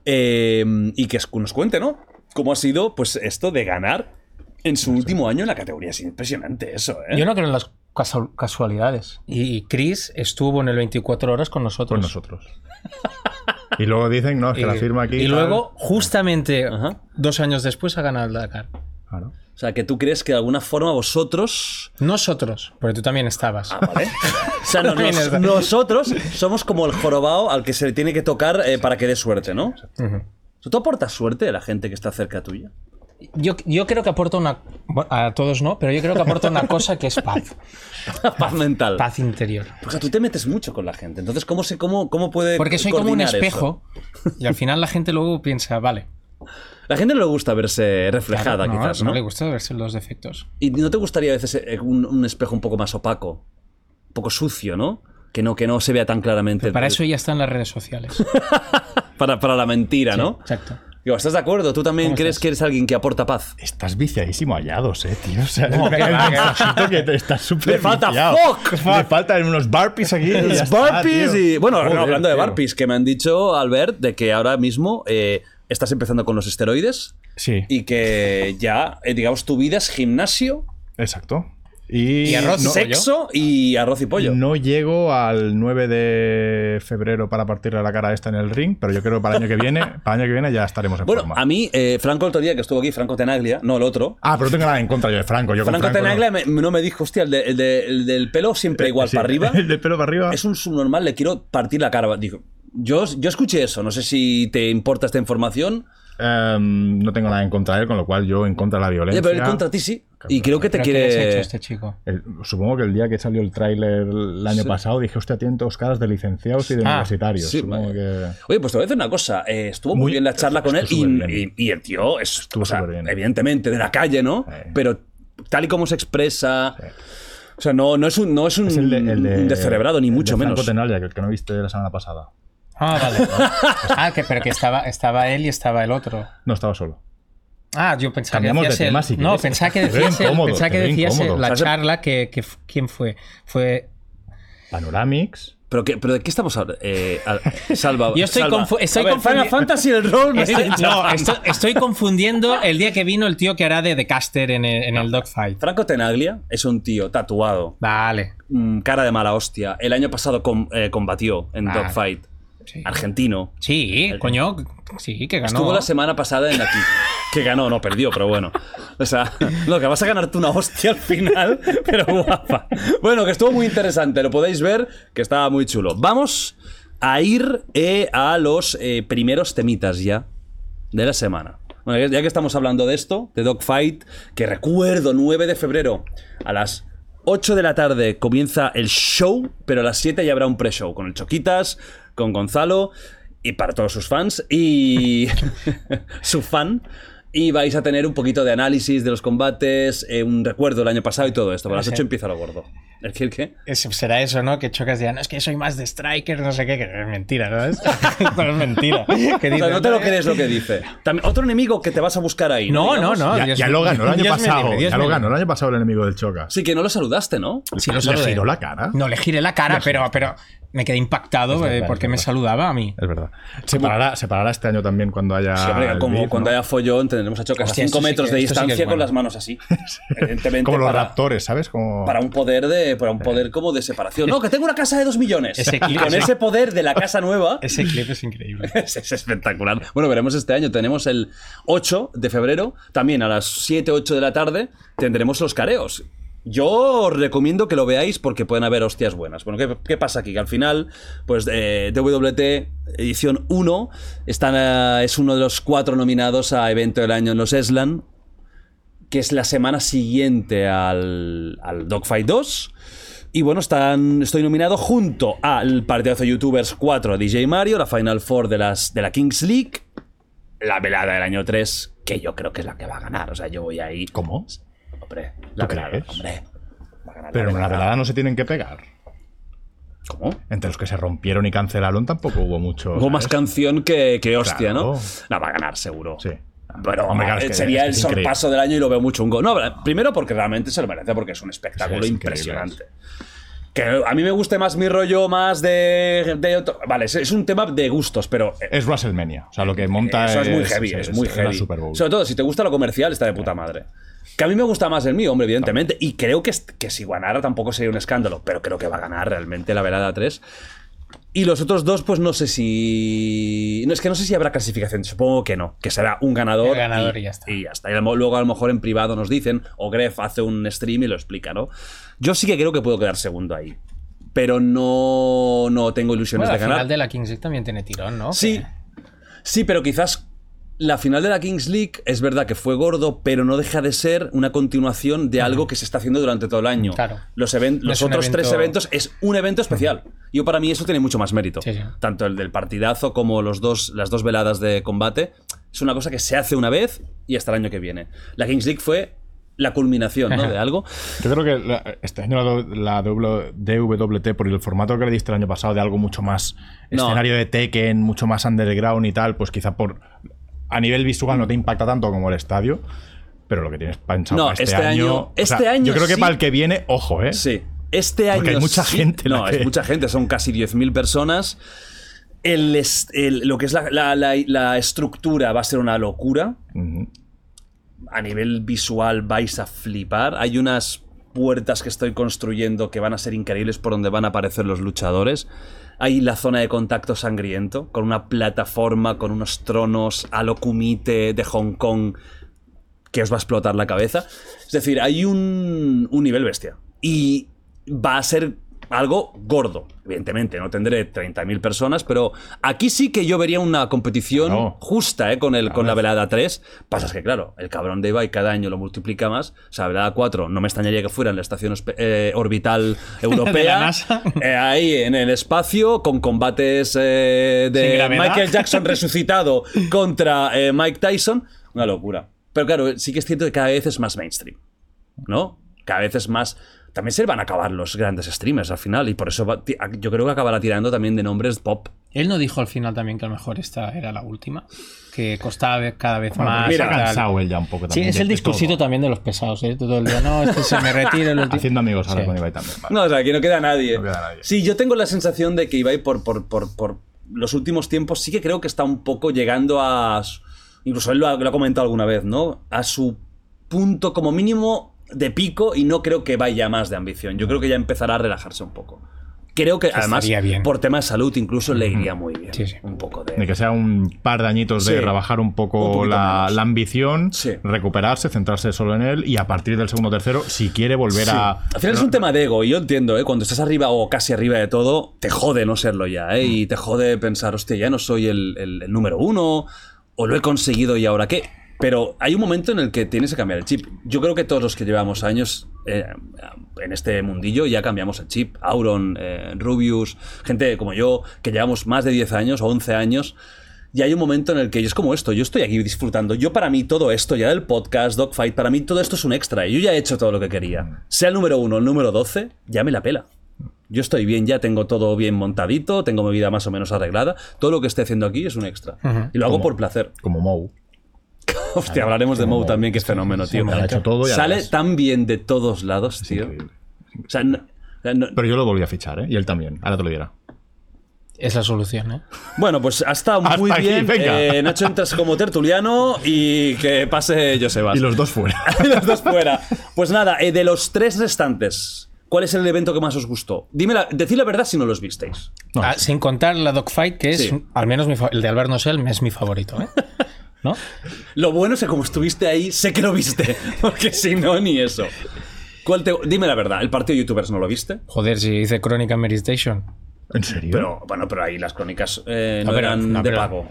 [SPEAKER 1] Eh, y que es- nos cuente, ¿no? Cómo ha sido, pues, esto de ganar en su último año en la categoría. Es impresionante eso, ¿eh?
[SPEAKER 7] Yo no creo en las casu- casualidades.
[SPEAKER 3] Y Chris estuvo en el 24 horas con nosotros.
[SPEAKER 2] Con
[SPEAKER 1] Pues-
[SPEAKER 2] nosotros. Y luego dicen, no, es que la firma aquí.
[SPEAKER 3] y
[SPEAKER 2] tal.
[SPEAKER 3] luego, justamente
[SPEAKER 1] Ajá.
[SPEAKER 3] dos años después, ha ganado el Dakar.
[SPEAKER 2] Claro.
[SPEAKER 1] O sea, que tú crees que de alguna forma vosotros...
[SPEAKER 3] Nosotros, porque tú también estabas.
[SPEAKER 1] ¿vale? O sea, no- nos- nosotros somos como el jorobado al que se le tiene que tocar eh, para que dé suerte, ¿no?
[SPEAKER 3] Ujú.
[SPEAKER 1] ¿Tú aportas suerte a la gente que está cerca tuya?
[SPEAKER 7] Yo, yo creo que aporta una.
[SPEAKER 3] Bueno, a todos no, pero yo creo que aporta una cosa que es paz.
[SPEAKER 1] Paz mental.
[SPEAKER 3] Paz interior.
[SPEAKER 1] Porque tú te metes mucho con la gente. Entonces, ¿cómo, se, cómo, cómo puede
[SPEAKER 3] Porque soy como un
[SPEAKER 1] coordinar
[SPEAKER 3] espejo y al final la gente luego piensa, vale,
[SPEAKER 1] eso? La gente no le gusta verse reflejada,
[SPEAKER 3] claro, no,
[SPEAKER 1] quizás,
[SPEAKER 3] no
[SPEAKER 1] ¿no?
[SPEAKER 3] le gusta verse los defectos.
[SPEAKER 1] ¿Y no te gustaría a veces eh, un, un espejo un poco más opaco? Un poco sucio, ¿no? Que no, que no se vea tan claramente.
[SPEAKER 3] Para
[SPEAKER 1] el-
[SPEAKER 3] eso ya están las redes sociales.
[SPEAKER 1] para, para la mentira,
[SPEAKER 3] ¿Ah,
[SPEAKER 1] ¿no?
[SPEAKER 3] Exacto.
[SPEAKER 1] Digo, ¿estás de acuerdo? ¿Tú también
[SPEAKER 3] ¿Cómo
[SPEAKER 1] crees
[SPEAKER 3] estás?
[SPEAKER 1] que eres alguien que aporta paz?
[SPEAKER 2] Estás viciadísimo hallados, eh, tío. O sea, el-
[SPEAKER 3] que
[SPEAKER 2] el
[SPEAKER 3] va, que va.
[SPEAKER 2] mensajito que te estás súper
[SPEAKER 1] Le falta
[SPEAKER 2] viciado.
[SPEAKER 1] fuck,
[SPEAKER 2] Le faltan unos barpees aquí. y ya
[SPEAKER 1] Los
[SPEAKER 2] está,
[SPEAKER 1] barpees
[SPEAKER 2] tío.
[SPEAKER 1] y. Bueno, no,
[SPEAKER 2] Joder,
[SPEAKER 1] hablando de
[SPEAKER 2] tío.
[SPEAKER 1] barpees, que me han dicho, Albert, de que ahora mismo eh, estás empezando con los esteroides
[SPEAKER 2] Sí,
[SPEAKER 1] y que ya, eh, digamos, tu vida es gimnasio,
[SPEAKER 2] exacto. Y,
[SPEAKER 3] Y arroz,
[SPEAKER 2] no,
[SPEAKER 1] sexo y arroz y pollo.
[SPEAKER 2] No llego al 9 de febrero para partirle la cara a esta en el ring, pero yo creo que para el año que viene, para el año que viene ya estaremos en
[SPEAKER 1] Bueno,
[SPEAKER 2] forma.
[SPEAKER 1] a mí, eh, Franco el otro día que estuvo aquí, Franco Tenaglia, no el otro.
[SPEAKER 2] Ah, pero no tengo nada en contra yo de Franco. Yo con
[SPEAKER 1] Franco,
[SPEAKER 2] Franco no.
[SPEAKER 1] Tenaglia me- no me dijo, hostia, el, de- el de- el del pelo siempre igual
[SPEAKER 2] Sí,
[SPEAKER 1] para arriba.
[SPEAKER 2] El del pelo para arriba.
[SPEAKER 1] Es un subnormal, le quiero partir la cara. Digo, yo, yo escuché eso, no sé si te importa esta información.
[SPEAKER 2] Em, no tengo nada en contra de él, con lo cual yo en contra de la
[SPEAKER 1] Oye,
[SPEAKER 2] violencia.
[SPEAKER 1] pero él contra ti sí. Y creo que te
[SPEAKER 3] ¿Pero qué le has
[SPEAKER 1] quiere.
[SPEAKER 3] hecho a este chico?
[SPEAKER 2] El- supongo que el día que salió el tráiler el año
[SPEAKER 1] Sí.
[SPEAKER 2] pasado dije, hostia, tiene dos caras de licenciados y de
[SPEAKER 3] Ah,
[SPEAKER 2] universitarios.
[SPEAKER 1] sí,
[SPEAKER 2] Supongo
[SPEAKER 1] vaya.
[SPEAKER 2] que...
[SPEAKER 1] Oye, pues te voy a decir una cosa. eh, estuvo muy,
[SPEAKER 2] Muy-
[SPEAKER 1] bien la charla con él y,
[SPEAKER 2] estuvo superbién.
[SPEAKER 1] y- y el tío es, o sea,
[SPEAKER 2] superbién.
[SPEAKER 1] evidentemente, de la calle, ¿no?
[SPEAKER 2] Sí.
[SPEAKER 1] Pero tal y como se expresa. O sea, no, no es un, no es un,
[SPEAKER 2] Es el de, el de-
[SPEAKER 1] un descerebrado, Mm, ni
[SPEAKER 2] el de
[SPEAKER 1] mucho menos.
[SPEAKER 2] Franco Tenaglia, que el que no viste la semana pasada.
[SPEAKER 3] Ah, vale. ah, que, pero que estaba, estaba él y estaba el otro.
[SPEAKER 2] No, estaba solo.
[SPEAKER 3] Ah, yo pensaba
[SPEAKER 2] Cambiamos
[SPEAKER 3] que
[SPEAKER 2] de
[SPEAKER 3] decías el-
[SPEAKER 2] tema, si
[SPEAKER 3] No,
[SPEAKER 2] quieres.
[SPEAKER 3] pensaba que
[SPEAKER 2] Te veo
[SPEAKER 3] decías, el-
[SPEAKER 2] incómodo,
[SPEAKER 3] pensaba
[SPEAKER 2] te
[SPEAKER 3] que
[SPEAKER 2] veo
[SPEAKER 3] decías el-
[SPEAKER 2] incómodo.
[SPEAKER 3] la
[SPEAKER 1] Has-
[SPEAKER 3] charla que, que f- quién fue. Fue
[SPEAKER 2] Panoramics.
[SPEAKER 1] Pero, qué- pero ¿de qué estamos hablando? Eh, al- salva.
[SPEAKER 3] Yo estoy
[SPEAKER 1] salva.
[SPEAKER 3] confu- estoy
[SPEAKER 1] A ver,
[SPEAKER 3] confundi-
[SPEAKER 1] Final Fantasy el rol. me
[SPEAKER 3] Estoy,
[SPEAKER 1] dice-
[SPEAKER 3] no, esto- estoy confundiendo el día que vino el tío que hará de, de caster en el, en el dogfight.
[SPEAKER 1] Franco Tenaglia es un tío tatuado,
[SPEAKER 3] Vale.
[SPEAKER 1] mm, cara de mala hostia. El año pasado com- eh, combatió en
[SPEAKER 3] Ah.
[SPEAKER 1] Dogfight.
[SPEAKER 3] Sí,
[SPEAKER 1] Argentino.
[SPEAKER 3] Sí, coño, sí, que ganó.
[SPEAKER 1] Estuvo la semana pasada en aquí. Que ganó, no perdió, pero bueno. O sea, lo que vas a ganarte una hostia al final, pero guapa. Bueno, que estuvo muy interesante, lo podéis ver, que estaba muy chulo. Vamos a ir eh, a los eh, primeros temitas ya de la semana. Bueno, ya- ya que estamos hablando de esto, de Dogfight, que recuerdo, 9 de febrero, a las 8 de la tarde comienza el show, pero a las 7 ya habrá un pre-show con el Choquitas, con Gonzalo y para todos sus fans y su fan. Y vais a tener un poquito de análisis de los combates, eh, un recuerdo del año pasado y todo esto. Para las 8 empieza lo gordo. ¿El qué? el qué?
[SPEAKER 3] Es- será eso, ¿no? Que chocas de, "Ah, no, es que soy más de striker, no sé qué, que es mentira, ¿no? Es, no es mentira. Que
[SPEAKER 1] O sea,
[SPEAKER 3] dices,
[SPEAKER 1] no te lo crees lo que dice. También- otro enemigo que te vas a buscar ahí.
[SPEAKER 3] No, no,
[SPEAKER 1] Digamos.
[SPEAKER 3] no.
[SPEAKER 2] ya,
[SPEAKER 3] Ah, Dios
[SPEAKER 2] ya
[SPEAKER 3] mío.
[SPEAKER 2] lo ganó el año
[SPEAKER 3] Dios me
[SPEAKER 2] pasado.
[SPEAKER 3] libre, Dios
[SPEAKER 2] ya
[SPEAKER 3] me
[SPEAKER 2] lo ganó
[SPEAKER 3] libre.
[SPEAKER 2] el año pasado el enemigo del Choca.
[SPEAKER 1] Sí, que no lo saludaste, ¿no?
[SPEAKER 3] Sí, lo
[SPEAKER 2] Le
[SPEAKER 3] saludé.
[SPEAKER 2] giró la cara.
[SPEAKER 3] No, le giré la cara, pero, pero me quedé impactado eh,
[SPEAKER 2] verdad, es
[SPEAKER 3] porque me
[SPEAKER 2] verdad.
[SPEAKER 3] saludaba a mí.
[SPEAKER 2] Es verdad. Se parará, se parará este año también cuando haya.
[SPEAKER 1] Sí, hombre,
[SPEAKER 2] el
[SPEAKER 1] como
[SPEAKER 2] beef,
[SPEAKER 1] cuando
[SPEAKER 2] Ah, ¿no?
[SPEAKER 1] haya follón tendremos a chocas
[SPEAKER 3] Hostia,
[SPEAKER 1] a
[SPEAKER 3] esto
[SPEAKER 1] 5
[SPEAKER 3] sí
[SPEAKER 1] metros
[SPEAKER 3] que-
[SPEAKER 1] de
[SPEAKER 3] esto sí que es
[SPEAKER 1] distancia con
[SPEAKER 3] bueno.
[SPEAKER 1] las manos así. Evidentemente.
[SPEAKER 2] Como los
[SPEAKER 1] para,
[SPEAKER 2] raptores, ¿sabes? Como...
[SPEAKER 1] para un poder de. Para un poder como de separación. No, que tengo una casa de 2 millones.
[SPEAKER 3] Ese clip,
[SPEAKER 1] con
[SPEAKER 3] sí.
[SPEAKER 1] ese poder de la casa nueva.
[SPEAKER 3] Ese clip es increíble.
[SPEAKER 1] Es, es espectacular. Bueno, veremos este año. Tenemos el 8 de febrero, también a las 7, 8 de la tarde, tendremos los careos. Yo os recomiendo que lo veáis porque pueden haber hostias buenas. Bueno, ¿qué, qué pasa aquí? Que al final, pues eh, WT edición 1 están, eh, es uno de los cuatro nominados a evento del año en los Eslan, que es la semana siguiente al, al Dogfight 2. Y bueno, están, estoy nominado junto al partidazo de youtubers 4 DJ Mario, la Final Four de, las, de la Kings League, la velada del año 3, que yo creo que es la que va a ganar. O sea, yo voy ahí.
[SPEAKER 2] ¿Cómo?
[SPEAKER 1] Hombre, la
[SPEAKER 2] ¿Tú
[SPEAKER 1] velada,
[SPEAKER 2] crees?
[SPEAKER 1] hombre. Va a ganar
[SPEAKER 2] Pero en la velada no se tienen que pegar.
[SPEAKER 1] ¿Cómo?
[SPEAKER 2] Entre los que se rompieron y cancelaron tampoco hubo mucho.
[SPEAKER 1] Hubo más canción que, que hostia, ¿no?
[SPEAKER 2] Pues Claro.
[SPEAKER 1] La va a ganar, seguro.
[SPEAKER 2] Sí.
[SPEAKER 1] Pero eh,
[SPEAKER 2] Hombre, claro, es que-
[SPEAKER 1] sería el
[SPEAKER 2] es que es increíble.
[SPEAKER 1] sorpaso del año y lo veo muy chungo. No, primero porque realmente se lo merece, porque es un espectáculo
[SPEAKER 2] Es increíble.
[SPEAKER 1] impresionante. Que a mí me guste más mi rollo, más de. de otro- Vale, es, es un tema de gustos, pero. eh,
[SPEAKER 2] Es WrestleMania. O sea, lo que monta
[SPEAKER 1] eso es, muy heavy, es, muy
[SPEAKER 2] la
[SPEAKER 1] heavy.
[SPEAKER 2] Super Bowl.
[SPEAKER 1] Sobre todo, si te gusta lo comercial, está de puta madre. Que a mí me gusta más el mío, hombre, evidentemente. Y creo que, es- que si ganara tampoco sería un escándalo, pero creo que va a ganar realmente la velada 3. Y los otros dos, pues no sé si. No, es que no sé si habrá clasificación. Supongo que no. Que será un ganador.
[SPEAKER 3] El ganador y ya está.
[SPEAKER 1] Y ya está. Y a lo- luego a lo mejor en privado nos dicen, o Gref hace un stream y lo explica, ¿no? Yo sí que creo que puedo quedar segundo ahí. Pero no, no tengo ilusiones
[SPEAKER 3] Bueno, la
[SPEAKER 1] de ganar.
[SPEAKER 3] final de la Kings League también tiene tirón, ¿no?
[SPEAKER 1] Sí, sí, pero quizás la final de la Kings League es verdad que fue gordo, pero no deja de ser una continuación de algo que se está haciendo durante todo el año.
[SPEAKER 3] Claro.
[SPEAKER 1] Los, even-
[SPEAKER 3] No
[SPEAKER 1] los
[SPEAKER 3] es un
[SPEAKER 1] otros tres
[SPEAKER 3] evento-
[SPEAKER 1] eventos es un evento especial. Yo para mí eso tiene mucho más mérito.
[SPEAKER 3] Sí, sí.
[SPEAKER 1] Tanto el del partidazo como los dos, las dos veladas de combate. Es una cosa que se hace una vez y hasta el año que viene. La Kings League fue la culminación ¿no?
[SPEAKER 3] Ajá.
[SPEAKER 1] de algo.
[SPEAKER 2] Yo creo que la- este año la, do- la W- DWT, por el formato que le diste el año pasado, de algo mucho más
[SPEAKER 1] No.
[SPEAKER 2] escenario de Tekken, mucho más underground y tal, pues quizá por a nivel visual no te impacta tanto como el estadio, pero lo que tienes pensado
[SPEAKER 1] No,
[SPEAKER 2] para
[SPEAKER 1] este
[SPEAKER 2] este, año.
[SPEAKER 1] año-
[SPEAKER 2] o
[SPEAKER 1] este
[SPEAKER 2] sea,
[SPEAKER 1] año
[SPEAKER 2] Yo creo que
[SPEAKER 1] sí.
[SPEAKER 2] para el que viene, ojo, ¿eh?
[SPEAKER 1] Sí. Este año.
[SPEAKER 2] Porque hay mucha
[SPEAKER 1] sí-
[SPEAKER 2] gente la
[SPEAKER 1] No,
[SPEAKER 2] que-
[SPEAKER 1] es mucha gente, son casi 10.000 personas. El es- el- lo que es la, la- la- la estructura va a ser una locura.
[SPEAKER 2] Ujú.
[SPEAKER 1] A nivel visual vais a flipar. Hay unas puertas que estoy construyendo que van a ser increíbles por donde van a aparecer los luchadores. Hay la zona de contacto sangriento, con una plataforma, con unos tronos a lo kumite de Hong Kong que os va a explotar la cabeza. Es decir, hay un, un nivel bestia. Y va a ser algo gordo, evidentemente. No tendré 30.000 personas, pero aquí sí que yo vería una competición
[SPEAKER 2] Claro.
[SPEAKER 1] justa ¿eh? con, el, con la velada 3. Pasa es que, claro, el cabrón de Ibai cada año lo multiplica más. O sea, la velada 4 no me extrañaría que fuera en la estación espe- eh, orbital
[SPEAKER 6] De la
[SPEAKER 1] europea.
[SPEAKER 6] NASA.
[SPEAKER 1] eh, ahí en el espacio, con combates eh,
[SPEAKER 6] Sin
[SPEAKER 1] de
[SPEAKER 6] gravedad.
[SPEAKER 1] Michael Jackson resucitado contra eh, Mike Tyson, una locura. Pero claro, sí que es cierto que cada vez es más mainstream, ¿no? Cada vez es más... También se van a acabar los grandes streamers al final y por eso va- ti- yo creo que acabará tirando también de nombres pop.
[SPEAKER 3] Él no dijo al final también que a lo mejor esta era la última, que costaba ve- cada vez
[SPEAKER 2] Bueno,
[SPEAKER 3] más.
[SPEAKER 2] porque se ha
[SPEAKER 3] tal.
[SPEAKER 2] cansado él ya un poco
[SPEAKER 3] Sí,
[SPEAKER 2] también.
[SPEAKER 3] es
[SPEAKER 2] de-
[SPEAKER 3] el
[SPEAKER 2] de
[SPEAKER 3] discursito
[SPEAKER 2] todo.
[SPEAKER 3] también de los pesados, ¿eh? Todo el día, no, este se me retira. el último-
[SPEAKER 2] Haciendo amigos ahora
[SPEAKER 3] Sí.
[SPEAKER 2] con Ibai también. vale.
[SPEAKER 1] No, o sea, aquí no queda nadie.
[SPEAKER 2] No queda nadie.
[SPEAKER 1] Sí, yo tengo la sensación de que Ibai por, por, por, por los últimos tiempos sí que creo que está un poco llegando a... su- Incluso él lo ha, lo ha comentado alguna vez, ¿no? A su punto como mínimo de pico y no creo que vaya más de ambición. Yo creo que ya empezará a relajarse un poco. Creo que además
[SPEAKER 6] estaría bien.
[SPEAKER 1] por tema de salud incluso le iría muy bien.
[SPEAKER 3] Sí, sí.
[SPEAKER 1] Un poco de...
[SPEAKER 2] De que sea un par de añitos de
[SPEAKER 1] Sí.
[SPEAKER 2] rebajar un
[SPEAKER 1] Un
[SPEAKER 2] poco
[SPEAKER 1] poquito
[SPEAKER 2] la,
[SPEAKER 1] menos.
[SPEAKER 2] la ambición,
[SPEAKER 1] Sí.
[SPEAKER 2] recuperarse, centrarse solo en él y a partir del segundo o tercero, si quiere volver
[SPEAKER 1] Sí.
[SPEAKER 2] a.
[SPEAKER 1] Al final es un tema de ego, y yo entiendo, ¿eh? Cuando estás arriba o casi arriba de todo, te jode no serlo ya, ¿eh? Y te jode pensar, hostia, ya no soy el, el- el número uno, o lo he conseguido y ahora qué. Pero hay un momento en el que tienes que cambiar el chip. Yo creo que todos los que llevamos años eh, en este mundillo ya cambiamos el chip. Auron, eh, Rubius, gente como yo, que llevamos más de 10 años o 11 años. Y hay un momento en el que yo es como esto, yo estoy aquí disfrutando, yo para mí todo esto, ya del podcast, Dogfight, para mí todo esto es un extra, y yo ya he hecho todo lo que
[SPEAKER 2] Mm.
[SPEAKER 1] quería. Sea el número uno, el número 12, ya me la pela. Yo estoy bien, ya tengo todo bien montadito, tengo mi vida más o menos arreglada, todo lo que esté haciendo aquí es un extra. Y lo hago por placer.
[SPEAKER 2] Como Mou.
[SPEAKER 1] Hostia, hablaremos de Moe también, que es fenómeno, tío.
[SPEAKER 2] me lo ha hecho todo y
[SPEAKER 1] Sale
[SPEAKER 2] además-
[SPEAKER 1] tan bien de todos lados, tío.
[SPEAKER 2] increíble.
[SPEAKER 1] O sea, no- o sea, no-
[SPEAKER 2] Pero yo lo volví a fichar, ¿eh? Y él también. Ahora te lo dirá.
[SPEAKER 3] Es la solución, ¿eh?
[SPEAKER 1] Bueno, pues ha estado
[SPEAKER 2] Hasta
[SPEAKER 1] muy
[SPEAKER 2] aquí,
[SPEAKER 1] bien.
[SPEAKER 2] venga.
[SPEAKER 1] Eh, Nacho entras como tertuliano y que pase Josebas.
[SPEAKER 2] Y los dos fuera.
[SPEAKER 1] Y los dos fuera. Pues nada, eh, de los tres restantes, ¿cuál es el evento que más os gustó? Dime la, decid la verdad si no los visteis.
[SPEAKER 2] No,
[SPEAKER 3] Ah, sin contar la dogfight, que es,
[SPEAKER 1] Sí.
[SPEAKER 3] al menos mi fa- el de Albert Nosel, es mi favorito, ¿eh? ¿No?
[SPEAKER 1] Lo bueno es que como estuviste ahí, sé que lo viste. Porque si no, ni eso. ¿Cuál te- dime la verdad, ¿el partido de youtubers no lo viste?
[SPEAKER 3] Joder, si dice Crónica Mary Station.
[SPEAKER 2] ¿En serio?
[SPEAKER 1] Pero bueno, pero ahí las crónicas eh, no,
[SPEAKER 3] No, pero-
[SPEAKER 1] eran
[SPEAKER 3] no,
[SPEAKER 1] de
[SPEAKER 3] pero-
[SPEAKER 1] pago.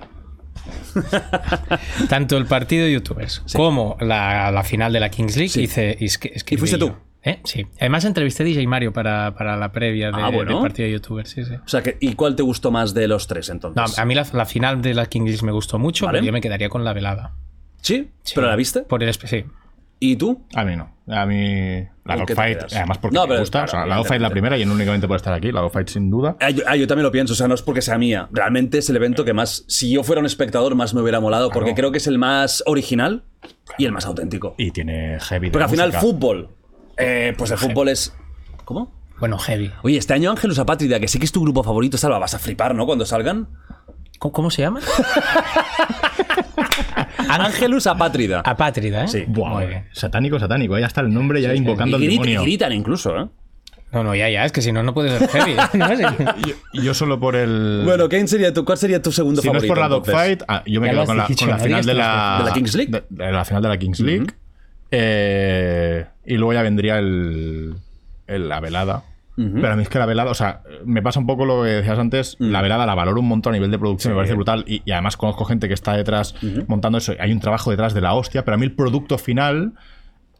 [SPEAKER 3] Tanto el partido de youtubers como la, la final de la Kings League
[SPEAKER 1] Sí.
[SPEAKER 3] hice. es que- es que
[SPEAKER 1] ¿Y fuiste
[SPEAKER 3] yo.
[SPEAKER 1] tú?
[SPEAKER 3] ¿Eh? Sí. Además entrevisté a DJ Mario para, para la previa de-
[SPEAKER 1] Ah, bueno.
[SPEAKER 3] del partido de youtubers. Sí, sí.
[SPEAKER 1] O sea, que, ¿y cuál te gustó más de los tres
[SPEAKER 3] No,
[SPEAKER 1] entonces?
[SPEAKER 3] a mí la, la final de la Kings League me gustó mucho,
[SPEAKER 1] Pues Vale.
[SPEAKER 3] pero yo me quedaría con la velada.
[SPEAKER 1] ¿Sí?
[SPEAKER 3] Sí.
[SPEAKER 1] ¿Pero la viste?
[SPEAKER 3] Por el espe- sí.
[SPEAKER 1] ¿Y tú?
[SPEAKER 2] A mí no. A mí. La
[SPEAKER 1] ¿Con qué te
[SPEAKER 2] Dogfight,
[SPEAKER 1] quedas?
[SPEAKER 2] además porque
[SPEAKER 1] No,
[SPEAKER 2] me
[SPEAKER 1] pero
[SPEAKER 2] gusta.
[SPEAKER 1] claro,
[SPEAKER 2] o sea, la Dogfight es la
[SPEAKER 1] evidentemente.
[SPEAKER 2] primera y no únicamente por estar aquí. La Dogfight sin duda.
[SPEAKER 1] Ah, yo, ah, yo también lo pienso, o sea, no es porque sea mía. Realmente es el evento que más, si yo fuera un espectador, más me hubiera molado, porque creo que es el más original y el más auténtico.
[SPEAKER 2] Y tiene heavy. de
[SPEAKER 1] Porque al final,
[SPEAKER 2] música.
[SPEAKER 1] fútbol. eh, pues el fútbol es. ¿Cómo?
[SPEAKER 6] Bueno, heavy.
[SPEAKER 1] Oye, este año Ángelus Apátrida, que sé que es tu grupo favorito, Salva, vas a flipar, ¿no? Cuando salgan.
[SPEAKER 6] ¿Cómo, cómo se llama?
[SPEAKER 2] Ah,
[SPEAKER 1] Ángelus Apátrida.
[SPEAKER 6] Apátrida, ¿eh?
[SPEAKER 1] Sí.
[SPEAKER 2] Buah, satánico, satánico. Ya está el nombre, ya invocando
[SPEAKER 1] Y,
[SPEAKER 2] al
[SPEAKER 1] grit-
[SPEAKER 2] demonio.
[SPEAKER 1] y gritan incluso, ¿eh?
[SPEAKER 6] No, no, ya, ya, es que si no, no puede ser heavy. ¿no? Sí.
[SPEAKER 2] Y Yo solo por el.
[SPEAKER 1] Bueno, ¿quién sería tu, ¿cuál sería tu segundo
[SPEAKER 2] si no es
[SPEAKER 1] favorito?
[SPEAKER 2] por la
[SPEAKER 1] entonces?
[SPEAKER 2] Dogfight, ah, yo me
[SPEAKER 6] Ya lo
[SPEAKER 2] quedo
[SPEAKER 6] has
[SPEAKER 2] con la,
[SPEAKER 6] dicho,
[SPEAKER 2] con la
[SPEAKER 6] no
[SPEAKER 2] final
[SPEAKER 6] digas
[SPEAKER 2] de la,
[SPEAKER 1] ¿De la Kings League?
[SPEAKER 2] De, de la final de la Kings League. Eh, y luego ya vendría el, el- la velada. Pero a mí es que la velada, o sea, me pasa un poco lo que decías antes, la velada la valoro un montón a nivel de producción, me parece brutal y, y además conozco gente que está detrás montando eso, hay un trabajo detrás de la hostia, pero a mí el producto final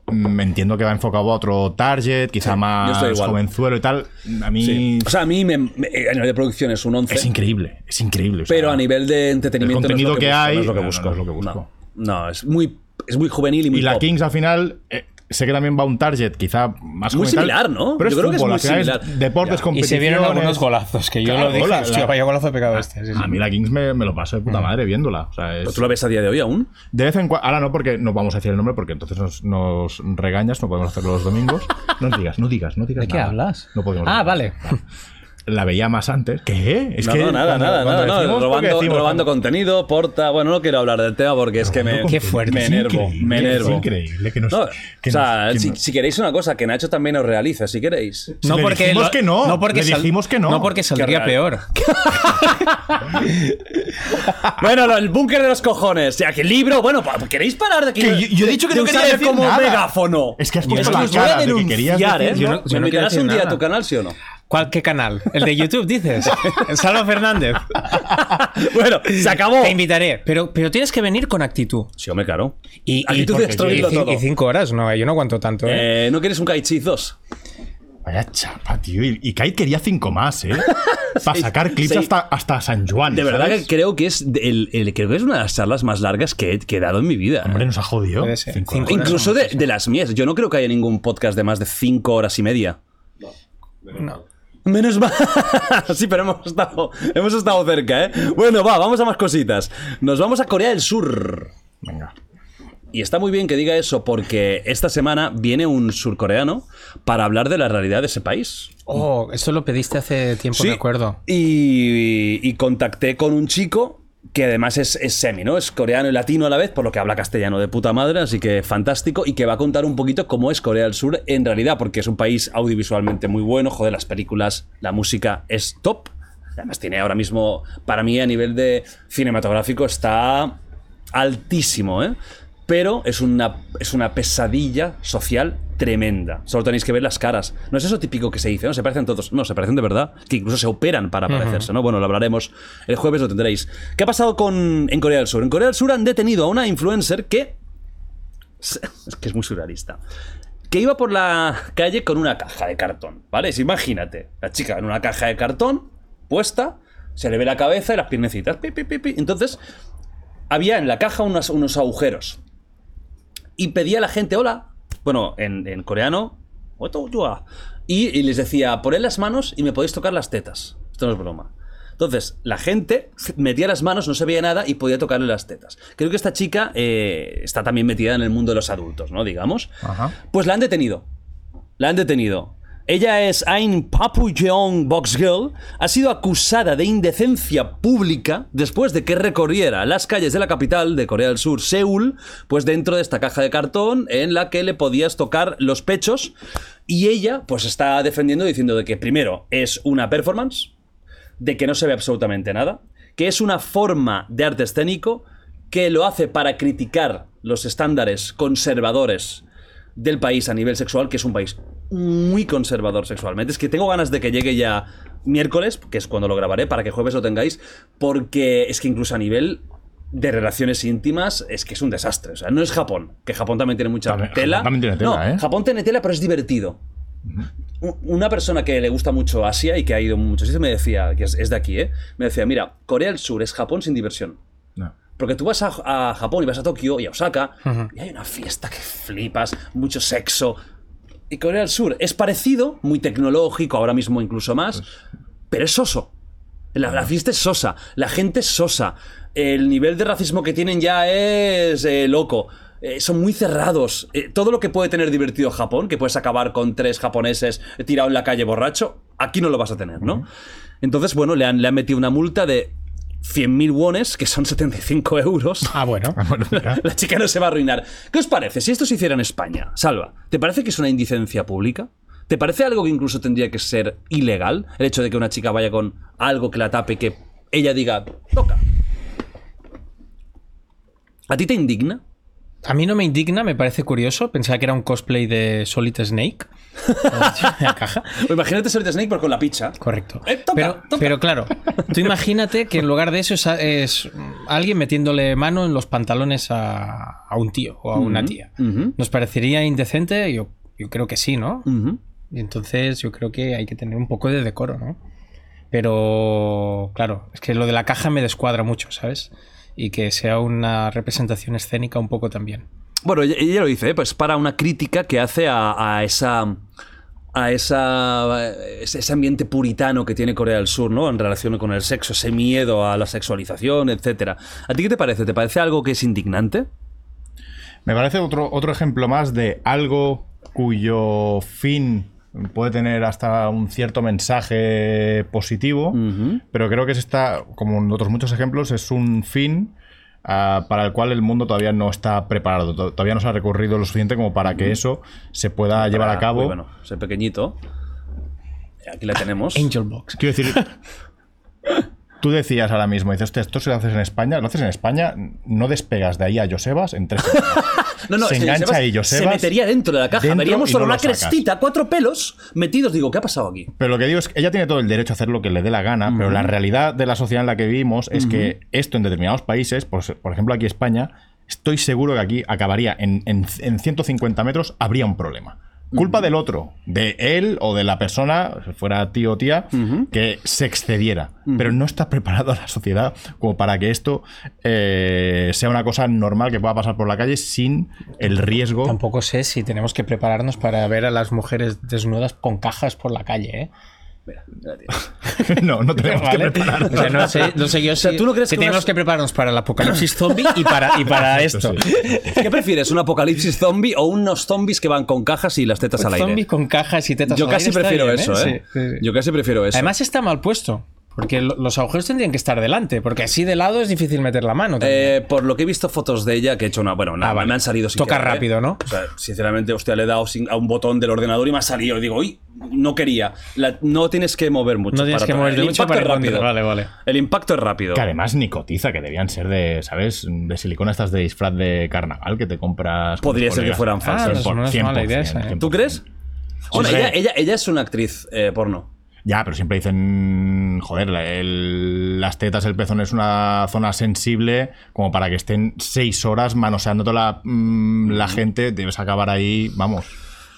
[SPEAKER 2] mm, entiendo que va enfocado a otro target, quizá más
[SPEAKER 1] estoy igual.
[SPEAKER 2] jovenzuelo y tal, a mí
[SPEAKER 1] Sí. O sea, a mí, me, me- a nivel de producción, es un 11.
[SPEAKER 2] es increíble, es increíble. o sea,
[SPEAKER 1] Pero a nivel de entretenimiento.
[SPEAKER 2] el contenido
[SPEAKER 1] no es lo que,
[SPEAKER 2] que
[SPEAKER 1] busco, no
[SPEAKER 2] hay-
[SPEAKER 1] es lo que
[SPEAKER 2] no, no,
[SPEAKER 1] busco.
[SPEAKER 2] no es lo que busco.
[SPEAKER 1] No, no, es, muy, es muy juvenil y muy.
[SPEAKER 2] Y la
[SPEAKER 1] pop.
[SPEAKER 2] Kings al final, eh, sé que también va a un target quizá más
[SPEAKER 1] Muy
[SPEAKER 2] joven y tal,
[SPEAKER 1] similar, ¿no?
[SPEAKER 2] Pero
[SPEAKER 1] Yo
[SPEAKER 2] es
[SPEAKER 1] creo que es
[SPEAKER 2] fútbol,
[SPEAKER 1] muy
[SPEAKER 2] al final es
[SPEAKER 1] similar.
[SPEAKER 2] deportes,
[SPEAKER 1] Ya.
[SPEAKER 6] Y
[SPEAKER 2] competiciones.
[SPEAKER 6] se vieron algunos golazos, que yo
[SPEAKER 2] Claro, Ah,
[SPEAKER 6] lo dije,
[SPEAKER 2] hola,
[SPEAKER 6] hostia,
[SPEAKER 2] la-
[SPEAKER 6] vaya golazo he pegado este. sí, Mm. sí.
[SPEAKER 2] A mí la Kings me, me lo paso de puta madre viéndola. O sea, es-
[SPEAKER 1] ¿Tú la ves a día de hoy aún?
[SPEAKER 2] de vez en cuando. Ahora no, porque no vamos a decir el nombre, porque entonces nos, nos regañas, no podemos hacerlo los domingos. No digas, no digas, no digas.
[SPEAKER 6] ¿De qué
[SPEAKER 2] nada.
[SPEAKER 6] hablas?
[SPEAKER 2] No podemos.
[SPEAKER 6] Ah,
[SPEAKER 2] decir
[SPEAKER 6] vale.
[SPEAKER 2] nada. La veía más antes. ¿Qué? Es
[SPEAKER 1] no,
[SPEAKER 2] que
[SPEAKER 1] no, nada,
[SPEAKER 2] cuando-
[SPEAKER 1] nada,
[SPEAKER 2] cuando
[SPEAKER 1] nada. no,
[SPEAKER 2] decimos, ¿por qué
[SPEAKER 1] robando
[SPEAKER 2] decimos?
[SPEAKER 1] robando contenido, porta. Bueno, no quiero hablar del tema porque es que me.
[SPEAKER 2] Robando
[SPEAKER 6] Qué fuerte.
[SPEAKER 1] Me
[SPEAKER 2] contenido. Es
[SPEAKER 1] enervo,
[SPEAKER 2] increíble,
[SPEAKER 1] me enervo.
[SPEAKER 2] Es increíble que nos.
[SPEAKER 1] No,
[SPEAKER 2] que
[SPEAKER 1] o sea,
[SPEAKER 2] nos- que
[SPEAKER 1] si,
[SPEAKER 2] nos-
[SPEAKER 1] si queréis una cosa, que Nacho también os realiza, si queréis.
[SPEAKER 2] le dijimos que no, le
[SPEAKER 6] sal-
[SPEAKER 2] dijimos que no.
[SPEAKER 6] No porque
[SPEAKER 2] Qué
[SPEAKER 6] saldría
[SPEAKER 1] raro.
[SPEAKER 6] peor.
[SPEAKER 1] Bueno, lo- el búnker de los cojones. Ya que el libro, bueno, pa- ¿queréis parar de aquí?
[SPEAKER 2] Que yo- yo he dicho que
[SPEAKER 1] de
[SPEAKER 2] no quería
[SPEAKER 1] usar
[SPEAKER 2] decir
[SPEAKER 1] como
[SPEAKER 2] nada.
[SPEAKER 1] megáfono.
[SPEAKER 2] Es que has
[SPEAKER 1] Yo
[SPEAKER 2] puesto
[SPEAKER 1] os
[SPEAKER 2] la
[SPEAKER 1] los voy a
[SPEAKER 2] cara de que
[SPEAKER 1] denunciar,
[SPEAKER 2] querías
[SPEAKER 1] ¿eh.
[SPEAKER 2] decir-
[SPEAKER 6] Yo no- yo
[SPEAKER 1] ¿Me
[SPEAKER 6] no quiero
[SPEAKER 1] invitarás
[SPEAKER 6] decir
[SPEAKER 1] un día a
[SPEAKER 6] nada.
[SPEAKER 1] tu canal, sí o no?
[SPEAKER 6] ¿Cuál qué canal? ¿El de YouTube, dices? Salvo Fernández.
[SPEAKER 1] Bueno, se acabó.
[SPEAKER 6] Te invitaré. Pero, pero tienes que venir con actitud.
[SPEAKER 1] Sí, hombre, claro.
[SPEAKER 6] Y, y,
[SPEAKER 1] Actitud de
[SPEAKER 6] porque-
[SPEAKER 1] destruirlo
[SPEAKER 6] y cin-
[SPEAKER 1] todo.
[SPEAKER 6] y cinco horas, no, eh, yo no aguanto tanto. ¿eh?
[SPEAKER 1] Eh, ¿No quieres un Kaichi 2?
[SPEAKER 2] Vaya chapa, tío. Y, y Kite quería cinco más, ¿eh? Para
[SPEAKER 1] Sí,
[SPEAKER 2] sacar clips
[SPEAKER 1] sí.
[SPEAKER 2] hasta, hasta San Juan.
[SPEAKER 1] De verdad
[SPEAKER 2] ¿sabes?
[SPEAKER 1] que creo que es de- el, el- creo que es una de las charlas más largas que he, que he dado en mi vida.
[SPEAKER 2] Hombre, nos ha jodido.
[SPEAKER 6] Puede ser.
[SPEAKER 2] Cinco
[SPEAKER 6] Cinco.
[SPEAKER 2] horas.
[SPEAKER 1] Incluso de, de las mías. Yo no creo que haya ningún podcast de más de 5 horas y media. No. Menos mal. sí, pero hemos estado, hemos estado cerca, ¿eh? Bueno, va, vamos a más cositas. Nos vamos a Corea del Sur.
[SPEAKER 2] Venga.
[SPEAKER 1] Y está muy bien que diga eso porque esta semana viene un surcoreano para hablar de la realidad de ese país.
[SPEAKER 6] Oh, esto lo pediste hace tiempo, me acuerdo.
[SPEAKER 1] Y, y contacté con un chico que además es, es semi, ¿no? Es coreano y latino a la vez, por lo que habla castellano de puta madre, así que fantástico, y que va a contar un poquito cómo es Corea del Sur en realidad, porque es un país audiovisualmente muy bueno, joder, las películas, la música es top. Además tiene ahora mismo, para mí a nivel de cinematográfico, está altísimo, ¿eh? Pero es una, es una pesadilla social tremenda. Solo tenéis que ver las caras. No es eso típico que se dice, ¿no? Se parecen todos. No, se parecen de verdad. Que incluso se operan para parecerse, ¿no? Bueno, lo hablaremos. El jueves lo tendréis. ¿Qué ha pasado con, en Corea del Sur? En Corea del Sur han detenido a una influencer que. Es que es muy surrealista. Que iba por la calle con una caja de cartón, ¿vale? Sí, Imagínate, la chica en una caja de cartón puesta, se le ve la cabeza y las piernecitas. pi, pi, pi, pi. Entonces, había en la caja unas- unos agujeros. Y pedía a la gente, hola. Bueno, en, en coreano. "Otoyua". Y, y les decía, poned las manos y me podéis tocar las tetas. Esto no es broma. Entonces, la gente metía las manos, no se veía nada y podía tocarle las tetas. Creo que esta chica eh, está también metida en el mundo de los adultos, ¿no? Digamos. Pues la han detenido. La han detenido. Ella es Ain Papujeon Boxgirl. Ha sido acusada de indecencia pública después de que recorriera las calles de la capital de Corea del Sur, Seúl, pues dentro de esta caja de cartón en la que le podías tocar los pechos. Y ella, pues está defendiendo diciendo de que primero es una performance, de que no se ve absolutamente nada, que es una forma de arte escénico que lo hace para criticar los estándares conservadores del país a nivel sexual, que es un país muy conservador sexualmente. Es que tengo ganas de que llegue ya miércoles, que es cuando lo grabaré, para que jueves lo tengáis, porque es que incluso a nivel de relaciones íntimas es que es un desastre. O sea, no es Japón, que Japón también tiene mucha
[SPEAKER 2] También-
[SPEAKER 1] tela.
[SPEAKER 2] Japón también tiene tela,
[SPEAKER 1] No,
[SPEAKER 2] ¿eh?
[SPEAKER 1] Japón tiene tela, pero es divertido u- una persona que le gusta mucho Asia y que ha ido mucho sitios me decía, que es, es de aquí, ¿eh? Me decía, mira, Corea del Sur es Japón sin diversión.
[SPEAKER 2] No.
[SPEAKER 1] Porque tú vas a, a Japón y vas a Tokio y a Osaka y hay una fiesta que flipas, mucho sexo. Y Corea del Sur es parecido, muy tecnológico, ahora mismo incluso más, pero es soso. La, la fiesta es sosa, la gente es sosa, el nivel de racismo que tienen ya es eh, loco. Eh, son muy cerrados. Eh, todo lo que puede tener divertido Japón, que puedes acabar con tres japoneses tirados en la calle borracho, aquí no lo vas a tener, ¿no? Entonces, bueno, le han, le han metido una multa de 100.000 wones, que son 75 euros.
[SPEAKER 3] Ah, bueno.
[SPEAKER 2] Bueno, mira.
[SPEAKER 1] La chica no se va a arruinar. ¿Qué os parece si esto se hiciera en España? Salva, ¿te parece que es una indicencia pública? ¿Te parece algo que incluso tendría que ser ilegal? El hecho de que una chica vaya con algo que la tape y que ella diga, toca. ¿A ti te indigna?
[SPEAKER 3] A mí no me indigna, me parece curioso. Pensaba que era un cosplay de Solid Snake. La caja.
[SPEAKER 1] O imagínate ser de Snake pero con la pizza.
[SPEAKER 3] Correcto.
[SPEAKER 1] Eh, toca,
[SPEAKER 3] pero,
[SPEAKER 1] toca.
[SPEAKER 3] pero claro, tú imagínate que en lugar de eso es, es alguien metiéndole mano en los pantalones a, a un tío o a una tía.
[SPEAKER 1] ujú.
[SPEAKER 3] ¿Nos parecería indecente? Yo, yo creo que sí, ¿no?
[SPEAKER 1] Ujú.
[SPEAKER 3] Y entonces yo creo que hay que tener un poco de decoro, ¿no? Pero claro, es que lo de la caja me descuadra mucho, ¿sabes? Y que sea una representación escénica un poco también.
[SPEAKER 1] Bueno, ella, ella lo dice, ¿eh? pues para una crítica que hace a, a esa a esa, ese ese ambiente puritano que tiene Corea del Sur, ¿no? En relación con el sexo, ese miedo a la sexualización, etcétera. ¿A ti qué te parece? ¿Te parece algo que es indignante?
[SPEAKER 2] Me parece otro, otro ejemplo más de algo cuyo fin puede tener hasta un cierto mensaje positivo, pero creo que es esta, como en otros muchos ejemplos, es un fin ah, para el cual el mundo todavía no está preparado, to- todavía no se ha recorrido lo suficiente como para que eso se pueda llevar
[SPEAKER 1] Para-
[SPEAKER 2] a cabo.
[SPEAKER 1] Uy, Ah, pues bueno, ese pequeñito. Aquí la tenemos.
[SPEAKER 3] Angel Box.
[SPEAKER 2] Quiero decir, tú decías ahora mismo, dices, "Hostia, esto si lo haces en España, lo haces en España, no despegas de ahí a Josebas en tres semanas".
[SPEAKER 1] No, no,
[SPEAKER 2] se
[SPEAKER 1] es que
[SPEAKER 2] engancha
[SPEAKER 1] Sebas
[SPEAKER 2] ahí, Josebas,
[SPEAKER 1] Se metería dentro de la caja.
[SPEAKER 2] dentro
[SPEAKER 1] Veríamos
[SPEAKER 2] y
[SPEAKER 1] solo
[SPEAKER 2] no
[SPEAKER 1] una
[SPEAKER 2] lo sacas.
[SPEAKER 1] crestita, cuatro pelos metidos. Digo, ¿qué ha pasado aquí?
[SPEAKER 2] Pero lo que digo es que ella tiene todo el derecho a hacer lo que le dé la gana, pero la realidad de la sociedad en la que vivimos es que esto en determinados países, pues, por ejemplo aquí España, estoy seguro que aquí acabaría en, en- en 150 metros, habría un problema. Culpa del otro, de él o de la persona, si fuera tío o tía, que se excediera. Pero no está preparada la sociedad como para que esto eh, sea una cosa normal que pueda pasar por la calle sin el riesgo.
[SPEAKER 3] Tampoco sé si tenemos que prepararnos para ver a las mujeres desnudas con cajas por la calle, ¿eh?
[SPEAKER 1] Mira, mira, tío.
[SPEAKER 2] no, no tenemos que
[SPEAKER 3] ¿Vale?
[SPEAKER 2] prepararnos.
[SPEAKER 3] O sea, no sé, no sé yo
[SPEAKER 1] sea,
[SPEAKER 3] si-
[SPEAKER 1] ¿tú no crees
[SPEAKER 3] si
[SPEAKER 1] que
[SPEAKER 3] tenemos
[SPEAKER 1] unas-
[SPEAKER 3] que prepararnos para el apocalipsis zombie y para, y para esto.
[SPEAKER 2] sí.
[SPEAKER 1] ¿Qué prefieres, un apocalipsis zombie o unos zombies que van con cajas y las tetas
[SPEAKER 2] Pues
[SPEAKER 1] al aire?
[SPEAKER 3] Zombie con cajas y tetas
[SPEAKER 1] Yo
[SPEAKER 3] al
[SPEAKER 1] casi
[SPEAKER 3] aire está
[SPEAKER 1] prefiero
[SPEAKER 3] bien,
[SPEAKER 1] eso, ¿eh?
[SPEAKER 3] Sí, sí, sí.
[SPEAKER 1] Yo casi prefiero eso.
[SPEAKER 3] Además está mal puesto, porque lo- los agujeros tendrían que estar delante, porque así de lado es difícil meter la mano. también.
[SPEAKER 1] Eh, por lo que he visto fotos de ella, que he hecho una. Bueno, nada,
[SPEAKER 3] Ah, vale.
[SPEAKER 1] me han salido sin
[SPEAKER 3] Toca
[SPEAKER 1] querer, ¿eh?
[SPEAKER 3] rápido, ¿no?
[SPEAKER 1] O sea, sinceramente, usted le he dado sin- a un botón del ordenador y me ha salido. Y digo, uy, no quería. La- no tienes que mover mucho.
[SPEAKER 3] no tienes
[SPEAKER 1] para
[SPEAKER 3] que
[SPEAKER 1] tocar.
[SPEAKER 3] moverte
[SPEAKER 1] El
[SPEAKER 3] mucho
[SPEAKER 1] impacto
[SPEAKER 3] para
[SPEAKER 1] es rápido.
[SPEAKER 3] encontrar- Vale, vale.
[SPEAKER 1] El impacto es rápido.
[SPEAKER 2] Que además ni cotiza, que debían ser de, ¿sabes? De silicona estas de disfraz de carnaval que te compras. con
[SPEAKER 1] Podría
[SPEAKER 2] tus
[SPEAKER 1] ser que
[SPEAKER 2] colegas. Ah, pues
[SPEAKER 1] fueran falsas.
[SPEAKER 3] no es- no es mala idea esa, ¿eh?
[SPEAKER 2] 100%.
[SPEAKER 1] ¿Tú crees? Bueno,
[SPEAKER 2] Hombre.
[SPEAKER 1] ella, ella- ella es una actriz eh, porno.
[SPEAKER 2] Ya, pero siempre dicen, joder, el- las tetas, el pezón es una zona sensible como para que estén seis horas manoseándote la, mm, la gente, debes acabar ahí, vamos.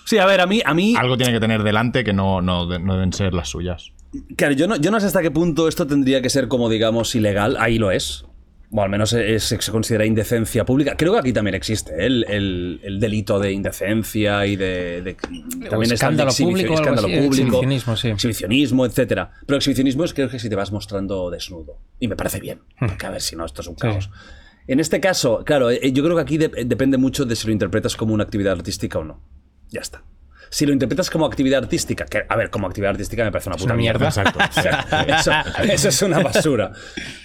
[SPEAKER 1] Sí, a ver, a mí, a mí
[SPEAKER 2] Algo tiene que tener delante que no, no, de- no deben ser las suyas.
[SPEAKER 1] Claro, yo no, yo no sé hasta qué punto esto tendría que ser como, digamos, ilegal. Ahí lo es. O al menos es- es- se considera indecencia pública. Creo que aquí también existe ¿eh? el, el- el delito de indecencia y de... de- también es
[SPEAKER 3] escándalo
[SPEAKER 1] anti-exhibici-
[SPEAKER 3] público o algo
[SPEAKER 1] escándalo
[SPEAKER 3] así,
[SPEAKER 1] público,
[SPEAKER 3] exhibicionismo, sí.
[SPEAKER 1] exhibicionismo, etcétera. Pero exhibicionismo es creo que si te vas mostrando desnudo. Y me parece bien.
[SPEAKER 3] Hmm.
[SPEAKER 1] Porque a ver si no, esto es un caos. En este caso, claro, eh, yo creo que aquí de- depende mucho de si lo interpretas como una actividad artística o no. Ya está. Si lo interpretas como actividad artística, que a ver, como actividad artística me parece una puta
[SPEAKER 3] una mierda.
[SPEAKER 2] Exacto.
[SPEAKER 1] o sea, eso, eso es una basura.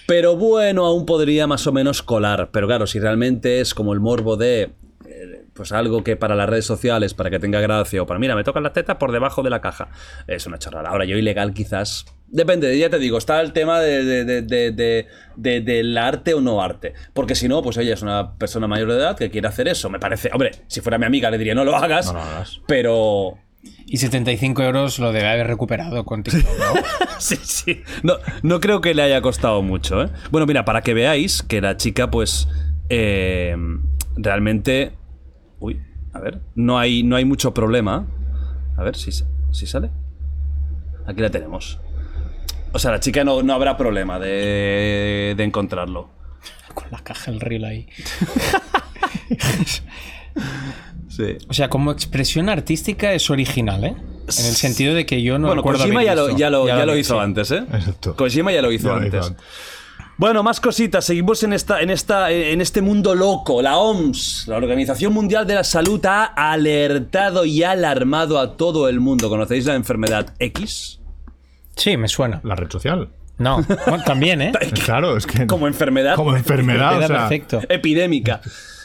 [SPEAKER 1] Pero bueno, aún podría más o menos colar. Pero claro, si realmente es como el morbo de. eh, Pues algo que para las redes sociales, para que tenga gracia, o para mira, me tocan las tetas por debajo de la caja. Es una chorrada. Ahora, yo ilegal quizás. Depende, ya te digo, está el tema de, de, de- de- de- de- del arte o no arte. Porque si no, pues ella es una persona mayor de edad que quiere hacer eso. Me parece, hombre, si fuera mi amiga le diría no lo hagas.
[SPEAKER 2] lo hagas.
[SPEAKER 1] Pero
[SPEAKER 3] Y 75 euros lo debe haber recuperado con TikTok, ¿no?
[SPEAKER 1] Sí, sí. No, no creo que le haya costado mucho, ¿eh? Bueno, mira, para que veáis que la chica, pues. eh, realmente. Uy, a ver. No hay, no hay mucho problema. A ver si, sa- si sale. Aquí la tenemos. O sea, la chica no, no habrá problema de, de encontrarlo.
[SPEAKER 3] Con la caja, el reel ahí.
[SPEAKER 1] Sí.
[SPEAKER 3] O sea, como expresión artística es original, ¿eh? En el sentido de que yo no
[SPEAKER 1] bueno,
[SPEAKER 3] recuerdo
[SPEAKER 1] Kojima
[SPEAKER 3] haber
[SPEAKER 1] ya lo,
[SPEAKER 3] visto.
[SPEAKER 1] ya lo- ya lo
[SPEAKER 3] vi,
[SPEAKER 1] hizo
[SPEAKER 3] sí.
[SPEAKER 1] antes, ¿eh?
[SPEAKER 2] Exacto.
[SPEAKER 1] Kojima ya lo hizo
[SPEAKER 2] Ya lo
[SPEAKER 1] antes.
[SPEAKER 2] hizo antes.
[SPEAKER 1] Bueno, más cositas. Seguimos en esta, en esta, en este mundo loco. La OMS, la Organización Mundial de la Salud, ha alertado y alarmado a todo el mundo. ¿Conocéis la enfermedad X?
[SPEAKER 3] Sí, me suena.
[SPEAKER 2] La red social.
[SPEAKER 3] No, bueno, también, ¿eh?
[SPEAKER 2] Claro, es que.
[SPEAKER 1] Como enfermedad.
[SPEAKER 2] como enfermedad.
[SPEAKER 3] Queda
[SPEAKER 2] o sea,
[SPEAKER 3] perfecto.
[SPEAKER 1] epidémica.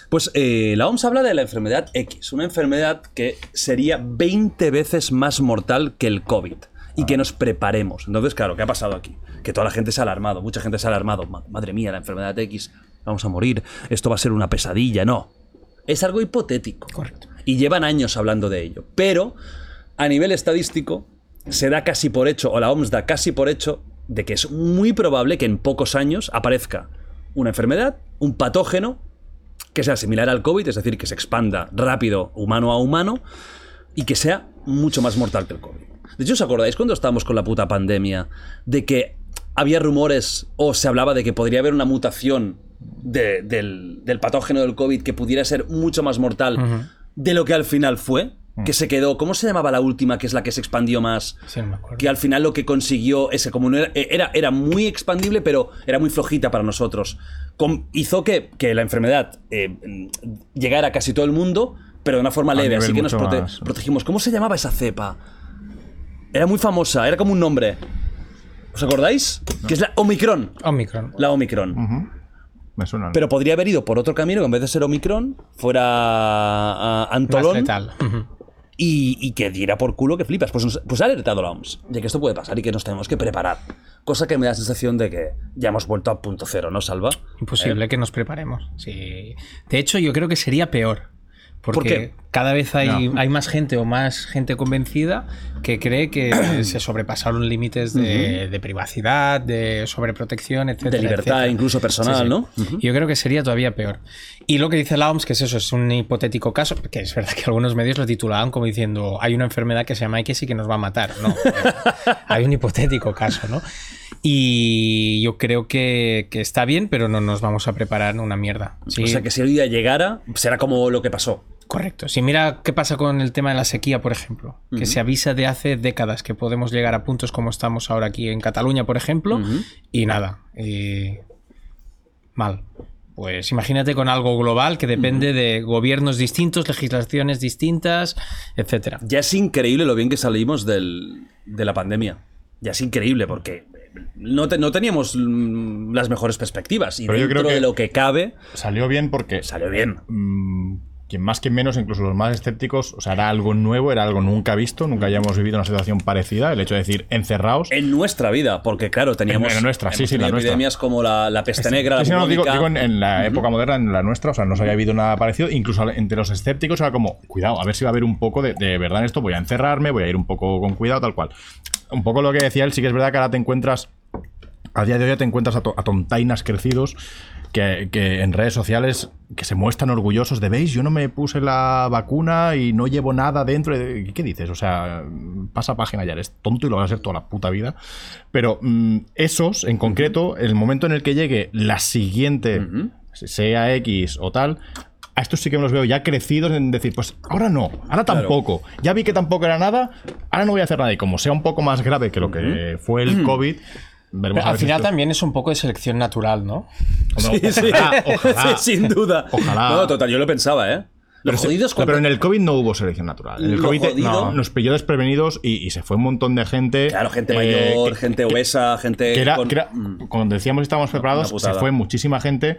[SPEAKER 1] Pues eh, la OMS habla de la enfermedad X, una enfermedad que sería 20 veces más mortal que el COVID y que nos preparemos. Entonces, claro, ¿qué ha pasado aquí? Que toda la gente se ha alarmado, mucha gente se ha alarmado. Ma- Madre mía, la enfermedad X, vamos a morir, esto va a ser una pesadilla. No, es algo hipotético.
[SPEAKER 3] Correcto.
[SPEAKER 1] Y llevan años hablando de ello. Pero a nivel estadístico se da casi por hecho, o la OMS da casi por hecho, de que es muy probable que en pocos años aparezca una enfermedad, un patógeno, que sea similar al COVID, es decir, que se expanda rápido humano a humano y que sea mucho más mortal que el COVID. De hecho, ¿os acordáis cuando estábamos con la puta pandemia de que había rumores o se hablaba de que podría haber una mutación de- del, del patógeno del COVID que pudiera ser mucho más mortal de lo que al final fue? Que se quedó, ¿cómo se llamaba la última, que es la que se expandió más?
[SPEAKER 3] Sí, no me acuerdo.
[SPEAKER 1] que al final lo que consiguió ese como no era, era, era muy expandible, pero era muy flojita para nosotros. Com- hizo que, que la enfermedad eh, mm, llegara a casi todo el mundo, pero de una forma
[SPEAKER 2] A
[SPEAKER 1] leve,
[SPEAKER 2] nivel
[SPEAKER 1] así que nos
[SPEAKER 2] mucho
[SPEAKER 1] prote-
[SPEAKER 2] más.
[SPEAKER 1] protegimos. ¿Cómo se llamaba esa cepa? Era muy famosa, era como un nombre. ¿Os acordáis? Que es la Omicron.
[SPEAKER 3] Omicron.
[SPEAKER 1] La Omicron.
[SPEAKER 2] Me suena. ¿no?
[SPEAKER 1] Pero podría haber ido por otro camino, que en vez de ser Omicron, fuera ah, Antolón.
[SPEAKER 3] Más letal. Ujú.
[SPEAKER 1] y, y que diera por culo que flipas. Pues, nos- pues ha alertado la OMS de que esto puede pasar y que nos tenemos que preparar. Cosa que me da la sensación de que ya hemos vuelto a punto cero, ¿no, Salva?
[SPEAKER 3] Imposible
[SPEAKER 1] Eh.
[SPEAKER 3] que nos preparemos. Sí. De hecho, yo creo que sería peor. Porque
[SPEAKER 1] qué?
[SPEAKER 3] cada vez hay, hay más gente o más gente convencida que cree que se sobrepasaron límites de, de privacidad, de sobreprotección, etcétera.
[SPEAKER 1] De libertad,
[SPEAKER 3] etcétera.
[SPEAKER 1] incluso personal,
[SPEAKER 3] Sí, sí.
[SPEAKER 1] ¿no?
[SPEAKER 3] Yo creo que sería todavía peor. Y lo que dice la OMS, que es eso, es un hipotético caso, que es verdad que algunos medios lo titulaban como diciendo hay una enfermedad que se llama X y que nos va a matar. No, hay un hipotético caso, ¿no? Y yo creo que, que está bien, pero no nos vamos a preparar una mierda. Sí,
[SPEAKER 1] O sea que si el día llegara, será como lo que pasó.
[SPEAKER 3] Correcto. Si mira qué pasa con el tema de la sequía, por ejemplo, que se avisa de hace décadas que podemos llegar a puntos como estamos ahora aquí en Cataluña, por ejemplo, y nada. eh, mal. Pues imagínate con algo global que depende de gobiernos distintos, legislaciones distintas, etcétera.
[SPEAKER 1] Ya es increíble lo bien que salimos del- de la pandemia. Ya es increíble porque no, te- no teníamos mm, las mejores perspectivas. Y
[SPEAKER 2] Pero yo
[SPEAKER 1] dentro
[SPEAKER 2] creo que-
[SPEAKER 1] de lo que cabe,
[SPEAKER 2] Salió bien porque.
[SPEAKER 1] salió bien.
[SPEAKER 2] mm, quien más, quien menos, incluso los más escépticos, o sea, era algo nuevo, era algo nunca visto, nunca hayamos vivido una situación parecida. El hecho de decir encerrados.
[SPEAKER 1] En nuestra vida, porque claro, teníamos
[SPEAKER 2] En la nuestra, sí,
[SPEAKER 1] hemos
[SPEAKER 2] sí, la
[SPEAKER 1] tenido
[SPEAKER 2] nuestra.
[SPEAKER 1] epidemias como la, la peste negra, la
[SPEAKER 2] Sí, sí, no, digo,
[SPEAKER 1] bubónica.
[SPEAKER 2] digo en, en la época moderna, en la nuestra, o sea, no se había habido nada parecido. Incluso entre los escépticos era como, cuidado, a ver si va a haber un poco de, de verdad en esto, voy a encerrarme, voy a ir un poco con cuidado, tal cual. Un poco lo que decía él, sí que es verdad que ahora te encuentras, a día de hoy ya te encuentras a, to- a tontainas crecidos. Que, que en redes sociales que se muestran orgullosos de, veis, yo no me puse la vacuna y no llevo nada dentro. ¿Qué qué dices? O sea, pasa página ya, eres tonto y lo vas a ser toda la puta vida. Pero mm, esos, en concreto, el momento en el que llegue la siguiente, sea X o tal, a estos sí que me los veo ya crecidos en decir, pues ahora no, ahora tampoco. Ya vi que tampoco era nada, ahora no voy a hacer nada. Y como sea un poco más grave que lo que fue el COVID, veremos
[SPEAKER 3] Pero
[SPEAKER 2] a
[SPEAKER 3] al
[SPEAKER 2] ver si
[SPEAKER 3] final
[SPEAKER 2] esto-
[SPEAKER 3] también es un poco de selección natural, ¿no?
[SPEAKER 2] Hombre,
[SPEAKER 1] Sí, sí.
[SPEAKER 2] ojalá, ojalá.
[SPEAKER 1] Sí, sin duda.
[SPEAKER 2] Ojalá.
[SPEAKER 1] No, total, yo lo pensaba, ¿eh? Lo jodido es
[SPEAKER 2] No,
[SPEAKER 1] cuando.
[SPEAKER 2] pero en el COVID no hubo selección natural. En el
[SPEAKER 1] Lo
[SPEAKER 2] COVID eh,
[SPEAKER 1] jodido-
[SPEAKER 2] no, nos pilló desprevenidos y, y se fue un montón de gente.
[SPEAKER 1] Claro, gente
[SPEAKER 2] eh,
[SPEAKER 1] mayor,
[SPEAKER 2] que-
[SPEAKER 1] gente obesa, gente.
[SPEAKER 2] que era,
[SPEAKER 1] con-
[SPEAKER 2] que era-
[SPEAKER 1] Mm.
[SPEAKER 2] cuando decíamos que estábamos preparados, se
[SPEAKER 1] putada.
[SPEAKER 2] fue muchísima gente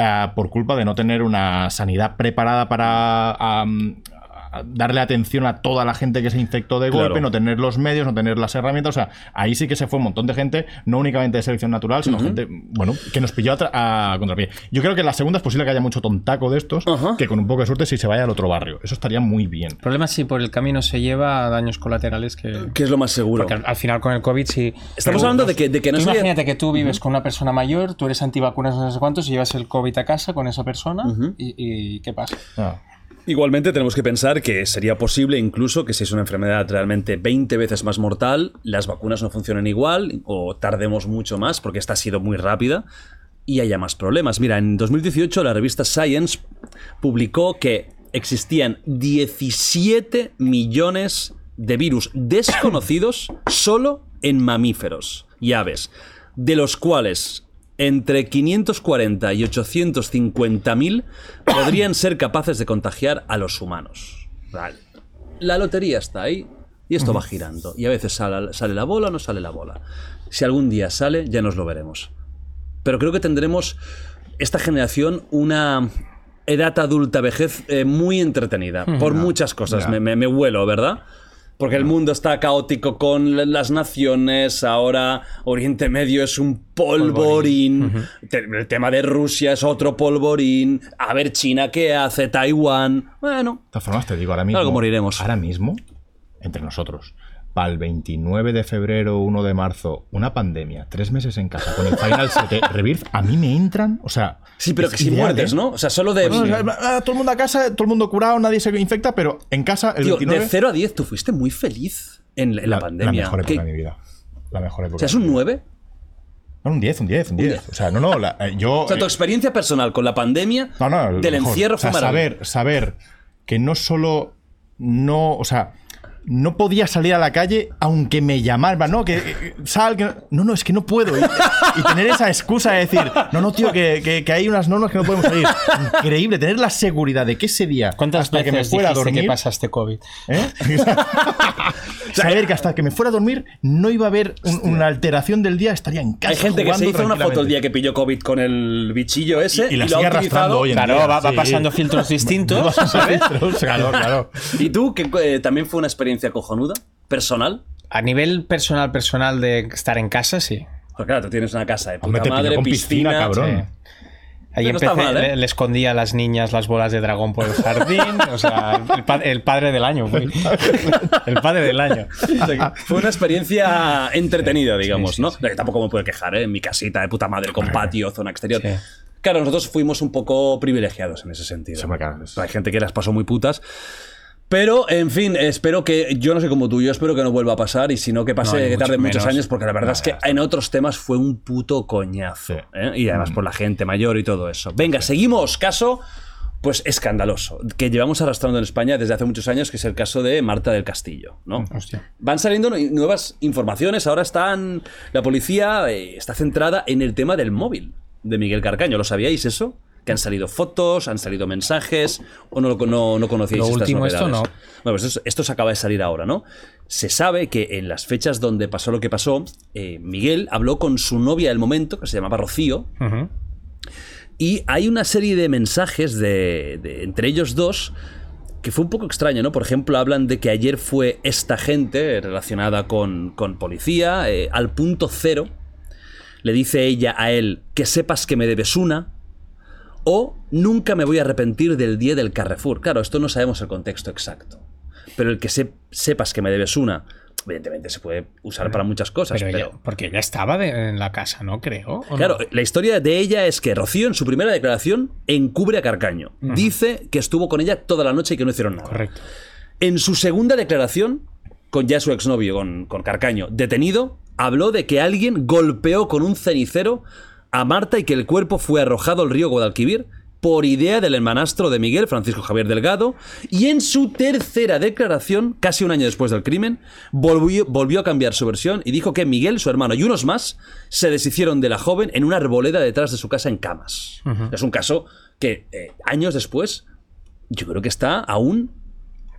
[SPEAKER 2] ah, por culpa de no tener una sanidad preparada para am, a darle atención a toda la gente que se infectó de golpe,
[SPEAKER 1] Claro.
[SPEAKER 2] no tener los medios, no tener las herramientas. O sea, ahí sí que se fue un montón de gente, no únicamente de selección natural, sino gente, bueno, que nos pilló a, tra- a contrapié. Yo creo que en la segunda es posible que haya mucho tontaco de estos, que con un poco de suerte si se vaya al otro barrio. Eso estaría muy bien.
[SPEAKER 3] El problema es si por el camino se lleva a daños colaterales
[SPEAKER 2] Eh,
[SPEAKER 3] que...
[SPEAKER 1] Que es lo más seguro.
[SPEAKER 3] Porque al, al final con el COVID sí...
[SPEAKER 1] Estamos hablando de que, de que no
[SPEAKER 3] Tú
[SPEAKER 1] se
[SPEAKER 3] imagínate que tú vives con una persona mayor, tú eres antivacunas no sé cuántos y llevas el COVID a casa con esa persona y, y ¿qué pasa?
[SPEAKER 2] Ah.
[SPEAKER 1] Igualmente tenemos que pensar que sería posible incluso que si es una enfermedad realmente 20 veces más mortal, las vacunas no funcionen igual o tardemos mucho más porque esta ha sido muy rápida. y haya más problemas. Mira, en 2018 la revista Science publicó que existían 17 millones de virus desconocidos solo en mamíferos y aves, de los cuales entre 540 y 850 mil podrían ser capaces de contagiar a los humanos. Vale. La lotería está ahí y esto va girando. Y a veces sale, sale la bola o no sale la bola. Si algún día sale, ya nos lo veremos. Pero creo que tendremos esta generación una edad adulta, vejez eh, muy entretenida. Por muchas cosas.
[SPEAKER 2] Ya.
[SPEAKER 1] Me, me- me huelo, ¿verdad? Porque el mundo está caótico con l- las naciones, ahora Oriente Medio es un polvorín, Te- el tema de Rusia es otro polvorín, a ver China qué hace, Taiwán, bueno,
[SPEAKER 2] De todas formas, te digo, ahora mismo.
[SPEAKER 1] Algo moriremos.
[SPEAKER 2] Ahora mismo, entre nosotros, para el 29 de febrero, 1 de marzo, una pandemia, tres meses en casa con el Final 7 Rebirth, a mí me entran. O sea.
[SPEAKER 1] sí, pero
[SPEAKER 2] es
[SPEAKER 1] que sin
[SPEAKER 2] ideal,
[SPEAKER 1] muertes,
[SPEAKER 2] ¿eh?
[SPEAKER 1] ¿no? Pues O sea, solo de...
[SPEAKER 2] Bueno, o sea, ah, todo el mundo a casa, todo el mundo curado, nadie se infecta, pero en casa el
[SPEAKER 1] Tío,
[SPEAKER 2] 29.
[SPEAKER 1] de 0 a 10 tú fuiste muy feliz en la, en la pandemia.
[SPEAKER 2] mejor época
[SPEAKER 1] ¿Qué-
[SPEAKER 2] de mi vida. La mejor época.
[SPEAKER 1] o sea, es
[SPEAKER 2] de mi
[SPEAKER 1] un
[SPEAKER 2] vida.
[SPEAKER 1] 9.
[SPEAKER 2] No, un 10, un 10, un 10. O sea, no, no, la- eh, yo.
[SPEAKER 1] O sea, tu
[SPEAKER 2] eh,
[SPEAKER 1] experiencia personal con la pandemia
[SPEAKER 2] No, no, lo
[SPEAKER 1] del
[SPEAKER 2] mejor.
[SPEAKER 1] encierro
[SPEAKER 2] O sea,
[SPEAKER 1] fue maravillosa.
[SPEAKER 2] saber, saber que no solo no, o sea, no podía salir a la calle aunque me llamaran, no, que que sal, que no, no, no, es que no puedo. Y, y tener esa excusa de decir, no, no, tío, que, que- que hay unas normas que no podemos salir. Increíble, tener la seguridad de que ese día,
[SPEAKER 3] ¿Cuántas
[SPEAKER 2] hasta que
[SPEAKER 3] veces
[SPEAKER 2] me fuera a
[SPEAKER 3] dijiste
[SPEAKER 2] dormir,
[SPEAKER 3] que pasaste COVID?
[SPEAKER 2] ¿eh? saber que hasta que me fuera a dormir no iba a haber un- una alteración del día, estaría en casa.
[SPEAKER 1] Hay gente que se
[SPEAKER 2] jugando
[SPEAKER 1] hizo una foto el
[SPEAKER 2] tranquilamente.
[SPEAKER 1] día que pilló COVID con el bichillo ese y,
[SPEAKER 2] Y- y la
[SPEAKER 1] lo
[SPEAKER 2] sigue
[SPEAKER 1] ha
[SPEAKER 2] arrastrando
[SPEAKER 1] utilizado.
[SPEAKER 2] hoy en
[SPEAKER 3] Claro,
[SPEAKER 2] día,
[SPEAKER 3] va, va
[SPEAKER 2] sí.
[SPEAKER 3] pasando filtros distintos. ¿sabes?
[SPEAKER 2] Claro, claro.
[SPEAKER 1] ¿Y tú, que eh, también fue una experiencia cojonuda? ¿Personal?
[SPEAKER 3] A nivel personal, personal de estar en casa, sí.
[SPEAKER 1] Pues claro, tú tienes una casa de puta
[SPEAKER 2] Hombre, te pilló
[SPEAKER 1] madre,
[SPEAKER 2] con
[SPEAKER 1] piscina,
[SPEAKER 2] piscina, cabrón.
[SPEAKER 3] Ahí
[SPEAKER 1] Pero no está
[SPEAKER 3] empecé,
[SPEAKER 1] mal, ¿eh?
[SPEAKER 3] le, le escondía a las niñas las bolas de dragón por el jardín. o sea, el, pa- el padre del año, güey. El padre del año.
[SPEAKER 1] O sea, que fue una experiencia entretenida, digamos,
[SPEAKER 3] sí,
[SPEAKER 1] ¿no? Que Tampoco me puedo quejar, ¿eh? En mi casita de puta madre, con patio, zona exterior.
[SPEAKER 3] Sí.
[SPEAKER 1] Claro, nosotros fuimos un poco privilegiados en ese sentido.
[SPEAKER 2] Sí, hombre, claro, es-
[SPEAKER 1] Hay gente que las pasó muy putas. Pero, en fin, espero que. Yo no sé como tú, yo espero que no vuelva a pasar y si no, que pase
[SPEAKER 3] No, ni
[SPEAKER 1] que tarde
[SPEAKER 3] mucho
[SPEAKER 1] muchos
[SPEAKER 3] menos.
[SPEAKER 1] años, porque la verdad es que en otros temas fue un puto coñazo.
[SPEAKER 2] Sí.
[SPEAKER 1] ¿eh? Y
[SPEAKER 3] Mm.
[SPEAKER 1] además por la gente mayor y todo eso. Venga, seguimos. Caso, pues escandaloso, que llevamos arrastrando en España desde hace muchos años, que es el caso de Marta del Castillo, ¿no?
[SPEAKER 3] Hostia.
[SPEAKER 1] Van saliendo nu- nuevas informaciones. Ahora están. La policía eh, está centrada en el tema del móvil de Miguel Carcaño. ¿Lo sabíais eso? Que han salido fotos, han salido mensajes, o no, lo- no, no conocíais
[SPEAKER 3] Lo
[SPEAKER 1] estas
[SPEAKER 3] último, esto
[SPEAKER 1] novedades?
[SPEAKER 3] no.
[SPEAKER 1] Bueno, pues esto, esto se acaba de salir ahora, ¿no? Se sabe que en las fechas donde pasó lo que pasó, eh, Miguel habló con su novia del momento, que se llamaba Rocío,
[SPEAKER 3] Ujú.
[SPEAKER 1] y hay una serie de mensajes de, de- entre ellos dos que fue un poco extraño, ¿no? Por ejemplo, hablan de que ayer fue esta gente relacionada con, con policía, eh, al punto cero, le dice ella a él que sepas que me debes una, o nunca me voy a arrepentir del día del Carrefour. Claro, esto no sabemos el contexto exacto, pero el que se- sepas que me debes una, evidentemente se puede usar para muchas cosas,
[SPEAKER 3] Pero
[SPEAKER 1] pero...
[SPEAKER 3] ella- porque ella estaba de- en la casa, ¿no? Creo. ¿o no?
[SPEAKER 1] Claro, la historia de ella es que Rocío en su primera declaración encubre a Carcaño. Dice que estuvo con ella toda la noche y que no hicieron nada.
[SPEAKER 3] Correcto.
[SPEAKER 1] En su segunda declaración, con ya su exnovio, con, con Carcaño, detenido, habló de que alguien golpeó con un cenicero a Marta y que el cuerpo fue arrojado al río Guadalquivir por idea del hermanastro de Miguel, Francisco Javier Delgado, y en su tercera declaración, casi un año después del crimen, volvió, volvió a cambiar su versión y dijo que Miguel, su hermano y unos más se deshicieron de la joven en una arboleda detrás de su casa en camas. Es un caso que eh, años después yo creo que está aún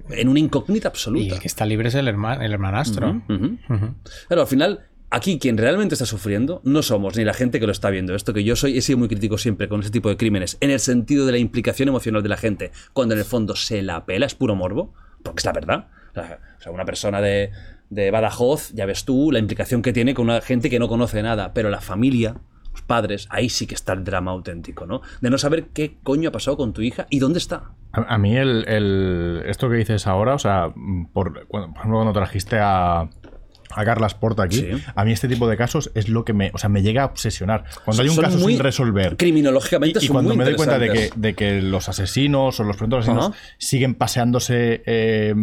[SPEAKER 1] en una incógnita
[SPEAKER 3] Y
[SPEAKER 1] absoluta.
[SPEAKER 3] el que está libre es el, herma- el hermanastro.
[SPEAKER 1] Ujú.
[SPEAKER 3] Ujú.
[SPEAKER 1] Claro, al final, aquí quien realmente está sufriendo no somos ni la gente que lo está viendo. Esto que yo soy, he sido muy crítico siempre con ese tipo de crímenes, en el sentido de la implicación emocional de la gente, cuando en el fondo se la pela, es puro morbo, porque es la verdad. O sea, una persona de, de Badajoz, ya ves tú, la implicación que tiene con una gente que no conoce nada, pero la familia. los Padres, ahí sí que está el drama auténtico, ¿no? De no saber qué coño ha pasado con tu hija y dónde está.
[SPEAKER 2] A, a mí el, el- esto que dices ahora, o sea, mm, por, cuando- por ejemplo cuando trajiste a, a Carlas Porta aquí,
[SPEAKER 1] Sí.
[SPEAKER 2] a mí este tipo de casos es lo que me, o sea, me llega a obsesionar. Cuando hay un
[SPEAKER 1] Son
[SPEAKER 2] caso
[SPEAKER 1] muy-
[SPEAKER 2] sin resolver
[SPEAKER 1] Criminológicamente
[SPEAKER 2] y
[SPEAKER 1] son
[SPEAKER 2] cuando
[SPEAKER 1] muy
[SPEAKER 2] me doy cuenta de que,
[SPEAKER 1] interesantes.
[SPEAKER 2] de que los asesinos o los presuntos asesinos
[SPEAKER 1] Ajá.
[SPEAKER 2] siguen paseándose eh,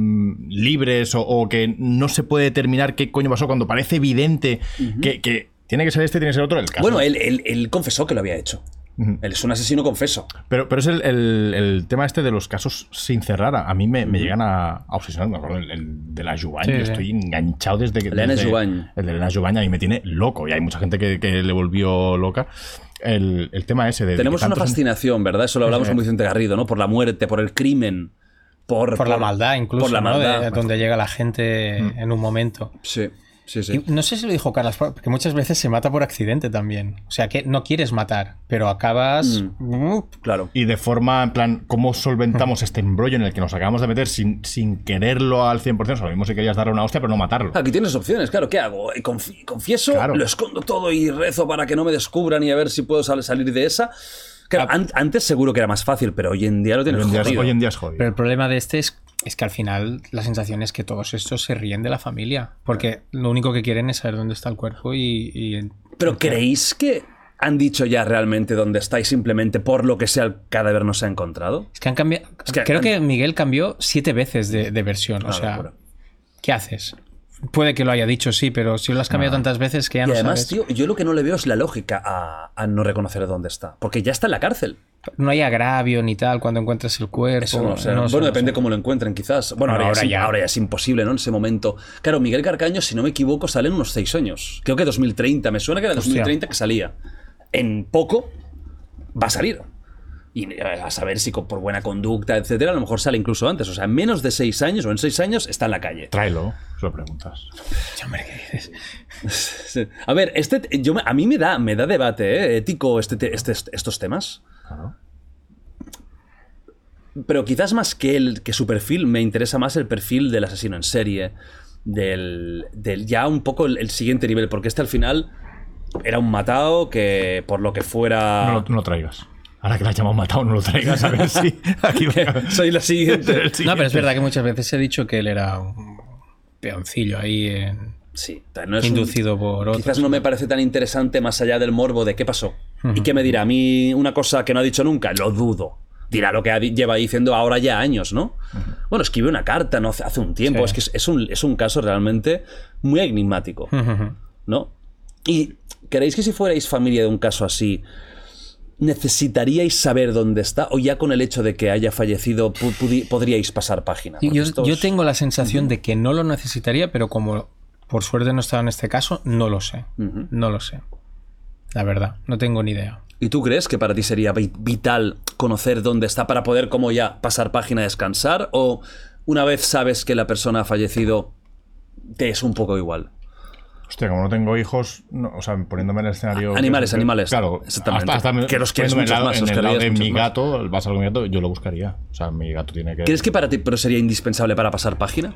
[SPEAKER 2] libres o, o que no se puede determinar qué coño pasó cuando parece evidente que, que Tiene que ser este, tiene que ser otro. El caso.
[SPEAKER 1] Bueno, él, él- él confesó que lo había hecho.
[SPEAKER 2] Ujú.
[SPEAKER 1] Él es un asesino confeso.
[SPEAKER 2] Pero, pero es el, el- el tema este de los casos sin cerrar. A a mí me, me llegan a, a obsesionar. Me acuerdo el, el de la Jubañ.
[SPEAKER 3] Sí,
[SPEAKER 2] yo
[SPEAKER 3] sí.
[SPEAKER 2] estoy enganchado desde que.
[SPEAKER 1] El de Elena
[SPEAKER 2] desde-
[SPEAKER 1] Jubañ.
[SPEAKER 2] El de Elena Jubañ a mí me tiene loco. Y hay mucha gente que, que le volvió loca. El, el tema ese de. de
[SPEAKER 1] Tenemos
[SPEAKER 2] que
[SPEAKER 1] una
[SPEAKER 2] tantos- Eh.
[SPEAKER 1] fascinación, ¿verdad? Eso lo hablamos
[SPEAKER 2] Sí.
[SPEAKER 1] con Vicente Garrido, ¿no? Por la muerte, por el crimen, por,
[SPEAKER 3] Por la maldad, incluso.
[SPEAKER 1] Por la
[SPEAKER 3] ¿no?
[SPEAKER 1] maldad.
[SPEAKER 3] De- donde llega la gente en un momento.
[SPEAKER 1] Sí, sí, sí.
[SPEAKER 3] Y no sé si lo dijo Carlos, porque muchas veces se mata por accidente también. O sea, que no quieres matar, pero acabas.
[SPEAKER 1] Mm.
[SPEAKER 3] Uf,
[SPEAKER 1] Claro.
[SPEAKER 2] Y de forma, en plan, ¿cómo solventamos este embrollo en el que nos acabamos de meter sin, sin quererlo al 100%? O sea, lo mismo si querías darle una hostia, pero no matarlo.
[SPEAKER 1] Aquí tienes opciones, claro. ¿Qué hago? Eh, confi- confieso,
[SPEAKER 2] Claro.
[SPEAKER 1] lo escondo todo y rezo para que no me descubran y a ver si puedo sal- salir de esa. Claro, an- antes seguro que era más fácil, pero hoy en día lo
[SPEAKER 2] Ah. Hoy
[SPEAKER 1] tienes
[SPEAKER 2] en día,
[SPEAKER 1] jodido.
[SPEAKER 2] hoy en día es jodido.
[SPEAKER 3] Pero el problema de este es, es que al final la sensación es que todos estos se ríen de la familia. Porque lo único que quieren es saber dónde está el cuerpo y. y-
[SPEAKER 1] Pero ¿creéis que han dicho ya realmente dónde está y simplemente por lo que sea el cadáver no se ha encontrado?
[SPEAKER 3] es que han cambiado.
[SPEAKER 1] Es que
[SPEAKER 3] creo
[SPEAKER 1] han- Ah,
[SPEAKER 3] que Miguel cambió siete veces de, de versión. o
[SPEAKER 1] Una
[SPEAKER 3] sea,
[SPEAKER 1] locura.
[SPEAKER 3] ¿qué haces? Puede que lo haya dicho, sí, pero si lo has cambiado tantas veces que ya
[SPEAKER 1] Ah. Y
[SPEAKER 3] no
[SPEAKER 1] además,
[SPEAKER 3] sabes.
[SPEAKER 1] tío, yo lo que no le veo es la lógica a, a no reconocer dónde está. Porque ya está en la cárcel.
[SPEAKER 3] No hay agravio ni tal cuando encuentras el cuerpo.
[SPEAKER 1] Eso no, o sea,
[SPEAKER 3] no sé,
[SPEAKER 1] bueno,
[SPEAKER 3] no
[SPEAKER 1] depende
[SPEAKER 3] sé.
[SPEAKER 1] cómo lo encuentren, quizás. Bueno, ahora,
[SPEAKER 3] Ahora
[SPEAKER 1] ya, es-
[SPEAKER 3] ya.
[SPEAKER 1] ahora ya es imposible, ¿no? En ese momento. Claro, Miguel Carcaño, si no me equivoco, sale en unos seis años. Creo que 2030. Me suena que era
[SPEAKER 3] Hostia.
[SPEAKER 1] 2030 que salía. En poco va a salir. Y eh, a saber si con- por buena conducta, etcétera, a lo mejor sale incluso antes. O sea, en menos de seis años o en seis años está en la calle.
[SPEAKER 2] Tráelo, se lo preguntas.
[SPEAKER 3] Hombre, ¿qué dices?
[SPEAKER 1] Sí. A ver, este, yo, me- a mí me da, me da debate ¿eh? ético este, te- este- est- estos temas. Pero quizás más que, el, que su perfil, me interesa más el perfil del asesino en serie, del, del ya un poco el, el siguiente nivel, porque este al final era un matado que por lo que fuera...
[SPEAKER 2] No, lo- no lo traigas. Ahora que la hayamos matado, no lo traigas. A ver si. Aquí va-
[SPEAKER 1] Soy la siguiente.
[SPEAKER 2] Sí.
[SPEAKER 3] No, pero es verdad que muchas veces he dicho que él era un peoncillo ahí en-
[SPEAKER 1] Sí, no es un-
[SPEAKER 3] inducido por otro.
[SPEAKER 1] Quizás no me parece tan interesante más allá del morbo de qué pasó. ¿Y qué me dirá? A mí una cosa que no ha dicho nunca, lo dudo. Dirá lo que ha di- lleva diciendo ahora ya años, ¿no? Bueno, escribe una carta no hace, hace un tiempo.
[SPEAKER 3] Sí.
[SPEAKER 1] Es que es, es un, es un caso realmente muy enigmático, ¿no? ¿Y creéis que si fuerais familia de un caso así, necesitaríais saber dónde está? ¿O ya con el hecho de que haya fallecido pu- pudi- podríais pasar página?
[SPEAKER 3] Y
[SPEAKER 1] Porque
[SPEAKER 3] Yo,
[SPEAKER 1] estos-
[SPEAKER 3] yo tengo la sensación de que no lo necesitaría, pero como por suerte no estaba en este caso, no lo sé.
[SPEAKER 1] Ujú.
[SPEAKER 3] No lo sé. La verdad, no tengo ni idea.
[SPEAKER 1] ¿Y tú crees que para ti sería vi- vital conocer dónde está para poder como ya pasar página, descansar? ¿O una vez sabes que la persona ha fallecido, te es un poco igual?
[SPEAKER 2] Hostia, como no tengo hijos, no, o sea, poniéndome en el escenario.
[SPEAKER 1] Ah, Animales, animales.
[SPEAKER 2] Claro,
[SPEAKER 1] Exactamente. Que los quieres
[SPEAKER 2] poniéndome
[SPEAKER 1] muchos
[SPEAKER 2] en el lado-
[SPEAKER 1] más,
[SPEAKER 2] en
[SPEAKER 1] los
[SPEAKER 2] el lado
[SPEAKER 1] querrías
[SPEAKER 2] de mi
[SPEAKER 1] muchos más.
[SPEAKER 2] gato, el vaso de mi gato, yo lo buscaría. O sea, mi gato tiene que.
[SPEAKER 1] ¿Crees que para ti pero sería indispensable para pasar página?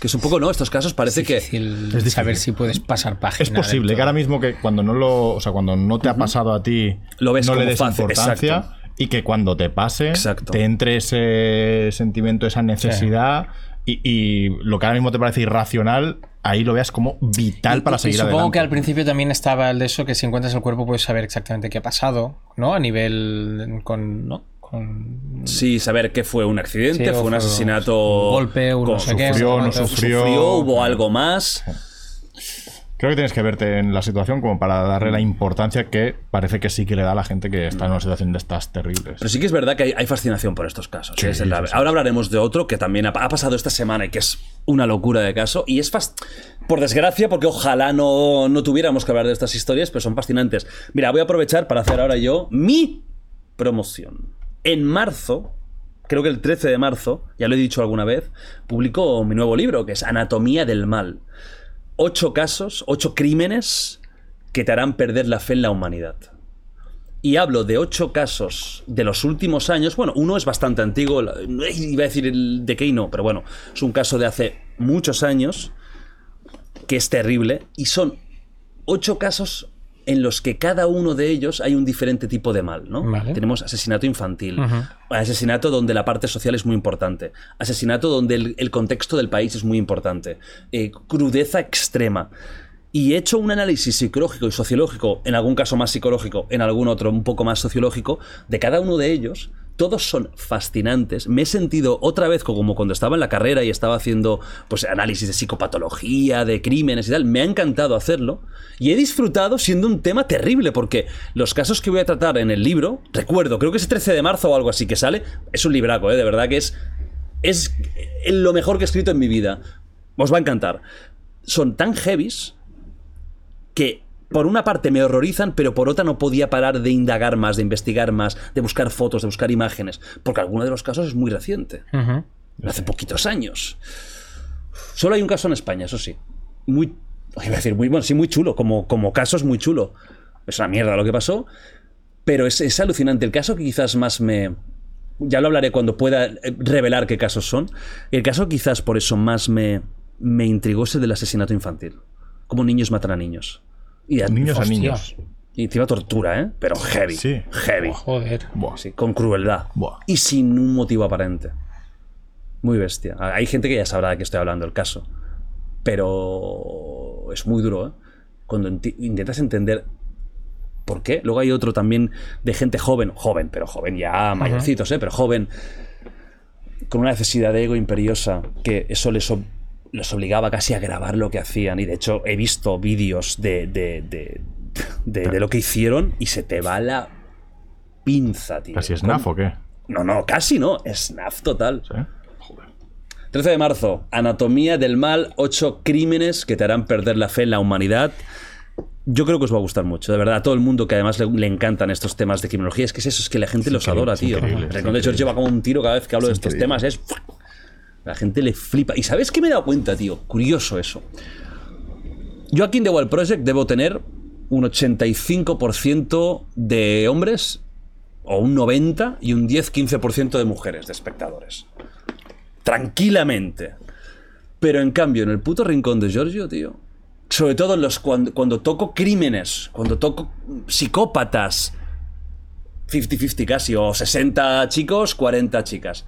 [SPEAKER 1] Que es un poco, ¿no? Estos casos parece que...
[SPEAKER 3] Difícil
[SPEAKER 2] difícil.
[SPEAKER 3] saber si puedes pasar página.
[SPEAKER 2] Es posible
[SPEAKER 3] del
[SPEAKER 2] que
[SPEAKER 3] todo.
[SPEAKER 2] ahora mismo que cuando no lo, o sea, cuando no te ha pasado a ti,
[SPEAKER 1] Lo ves
[SPEAKER 2] no
[SPEAKER 1] como
[SPEAKER 2] le des
[SPEAKER 1] fácil,
[SPEAKER 2] importancia y que cuando te pase,
[SPEAKER 1] Exacto.
[SPEAKER 2] te entre ese sentimiento, esa necesidad y, y lo que ahora mismo te parece irracional, ahí lo veas como vital
[SPEAKER 3] Y-
[SPEAKER 2] para
[SPEAKER 3] y
[SPEAKER 2] seguir
[SPEAKER 3] supongo
[SPEAKER 2] adelante.
[SPEAKER 3] que al principio también estaba el de eso que si encuentras el cuerpo puedes saber exactamente qué ha pasado, ¿no? A nivel con, ¿no? con
[SPEAKER 1] Sí, saber que fue un accidente,
[SPEAKER 3] Sí, o
[SPEAKER 1] fue un
[SPEAKER 3] fue
[SPEAKER 1] asesinato...
[SPEAKER 3] un golpe, un
[SPEAKER 1] con-
[SPEAKER 3] no sé qué,
[SPEAKER 2] sufrió, no
[SPEAKER 3] cuántos-
[SPEAKER 2] sufrió.
[SPEAKER 1] hubo algo más.
[SPEAKER 2] Creo que tienes que verte en la situación como para darle la importancia que parece que sí que le da a la gente que está en una situación de estas terribles.
[SPEAKER 1] Pero sí que es verdad que hay, hay fascinación por estos casos. ¿eh? Es el- Ahora hablaremos de otro que también ha, ha pasado esta semana y que es una locura de caso. Y es fas- por desgracia, porque ojalá no, no tuviéramos que hablar de estas historias, pero son fascinantes. Mira, voy a aprovechar para hacer ahora yo mi promoción. En marzo, creo que el 13 de marzo, ya lo he dicho alguna vez, publico mi nuevo libro, que es Anatomía del Mal. Ocho casos, ocho crímenes que te harán perder la fe en la humanidad y hablo de ocho casos de los últimos años. Bueno, uno es bastante antiguo, la- eh, iba a decir el de Key no, pero bueno, es un caso de hace muchos años que es terrible y son ocho casos en los que cada uno de ellos hay un diferente tipo de mal, ¿no?
[SPEAKER 3] Vale.
[SPEAKER 1] Tenemos asesinato infantil, asesinato donde la parte social es muy importante, asesinato donde el, el contexto del país es muy importante, eh, crudeza extrema. Y he hecho un análisis psicológico y sociológico, en algún caso más psicológico, en algún otro un poco más sociológico, de cada uno de ellos todos son fascinantes. Me he sentido otra vez como cuando estaba en la carrera y estaba haciendo pues, análisis de psicopatología, de crímenes y tal. Me ha encantado hacerlo y he disfrutado siendo un tema terrible porque los casos que voy a tratar en el libro, recuerdo, creo que es 13 de marzo o algo así que sale, es un libraco, ¿eh? de verdad que es, es lo mejor que he escrito en mi vida. Os va a encantar. Son tan heavies que por una parte me horrorizan, pero por otra no podía parar de indagar más, de investigar más, de buscar fotos, de buscar imágenes, porque alguno de los casos es muy reciente,
[SPEAKER 3] Ujú.
[SPEAKER 1] hace poquitos años. Solo hay un caso en España, eso sí. Muy, iba a decir, muy bueno, sí, muy chulo, como, como caso es muy chulo. Es una mierda lo que pasó, pero es, es alucinante. El caso que quizás más me... Ya lo hablaré cuando pueda eh, revelar qué casos son. El caso que quizás por eso más me, me intrigó es el del asesinato infantil. Como niños matan a niños. Y a-
[SPEAKER 2] Niños
[SPEAKER 3] Hostia.
[SPEAKER 2] a niños.
[SPEAKER 1] y encima tortura, ¿eh? Pero heavy.
[SPEAKER 2] Sí.
[SPEAKER 1] Heavy.
[SPEAKER 3] Joder.
[SPEAKER 2] Buah.
[SPEAKER 1] Sí, con crueldad.
[SPEAKER 2] Buah.
[SPEAKER 1] Y sin un motivo aparente. Muy bestia. Ah, Hay gente que ya sabrá de qué estoy hablando el caso. Pero es muy duro, ¿eh? Cuando enti- intentas entender por qué. Luego hay otro también de gente joven, joven, pero joven ya, mayorcitos, ¿eh? Pero joven, con una necesidad de ego imperiosa, que eso les, ob- les obligaba casi a grabar lo que hacían. Y de hecho he visto vídeos de, de, de, de- de lo que hicieron y se te va la pinza, tío.
[SPEAKER 2] ¿Casi snaf o qué?
[SPEAKER 1] No, no, casi no. Snaf total.
[SPEAKER 2] Sí.
[SPEAKER 1] 13 de marzo, Anatomía del Mal, 8 crímenes que te harán perder la fe en la humanidad. Yo creo que os va a gustar mucho, de verdad, a todo el mundo que además le, le encantan estos temas de criminología. Es que es eso, es que la gente los adora, tío.
[SPEAKER 2] increíble, es
[SPEAKER 1] Recuerdo de George lleva como un tiro cada vez que hablo de estos temas, es. La gente le flipa. ¿Y sabes qué me he dado cuenta, tío? Curioso eso. Yo aquí en The Wild Project debo tener un 85% de hombres, o un 90% y un 10-15% de mujeres, de espectadores tranquilamente. Pero en cambio, en el puto rincón de Giorgio, tío. Sobre todo en los cuando, cuando toco crímenes, cuando toco psicópatas. 50-50 casi, o 60 chicos, 40 chicas.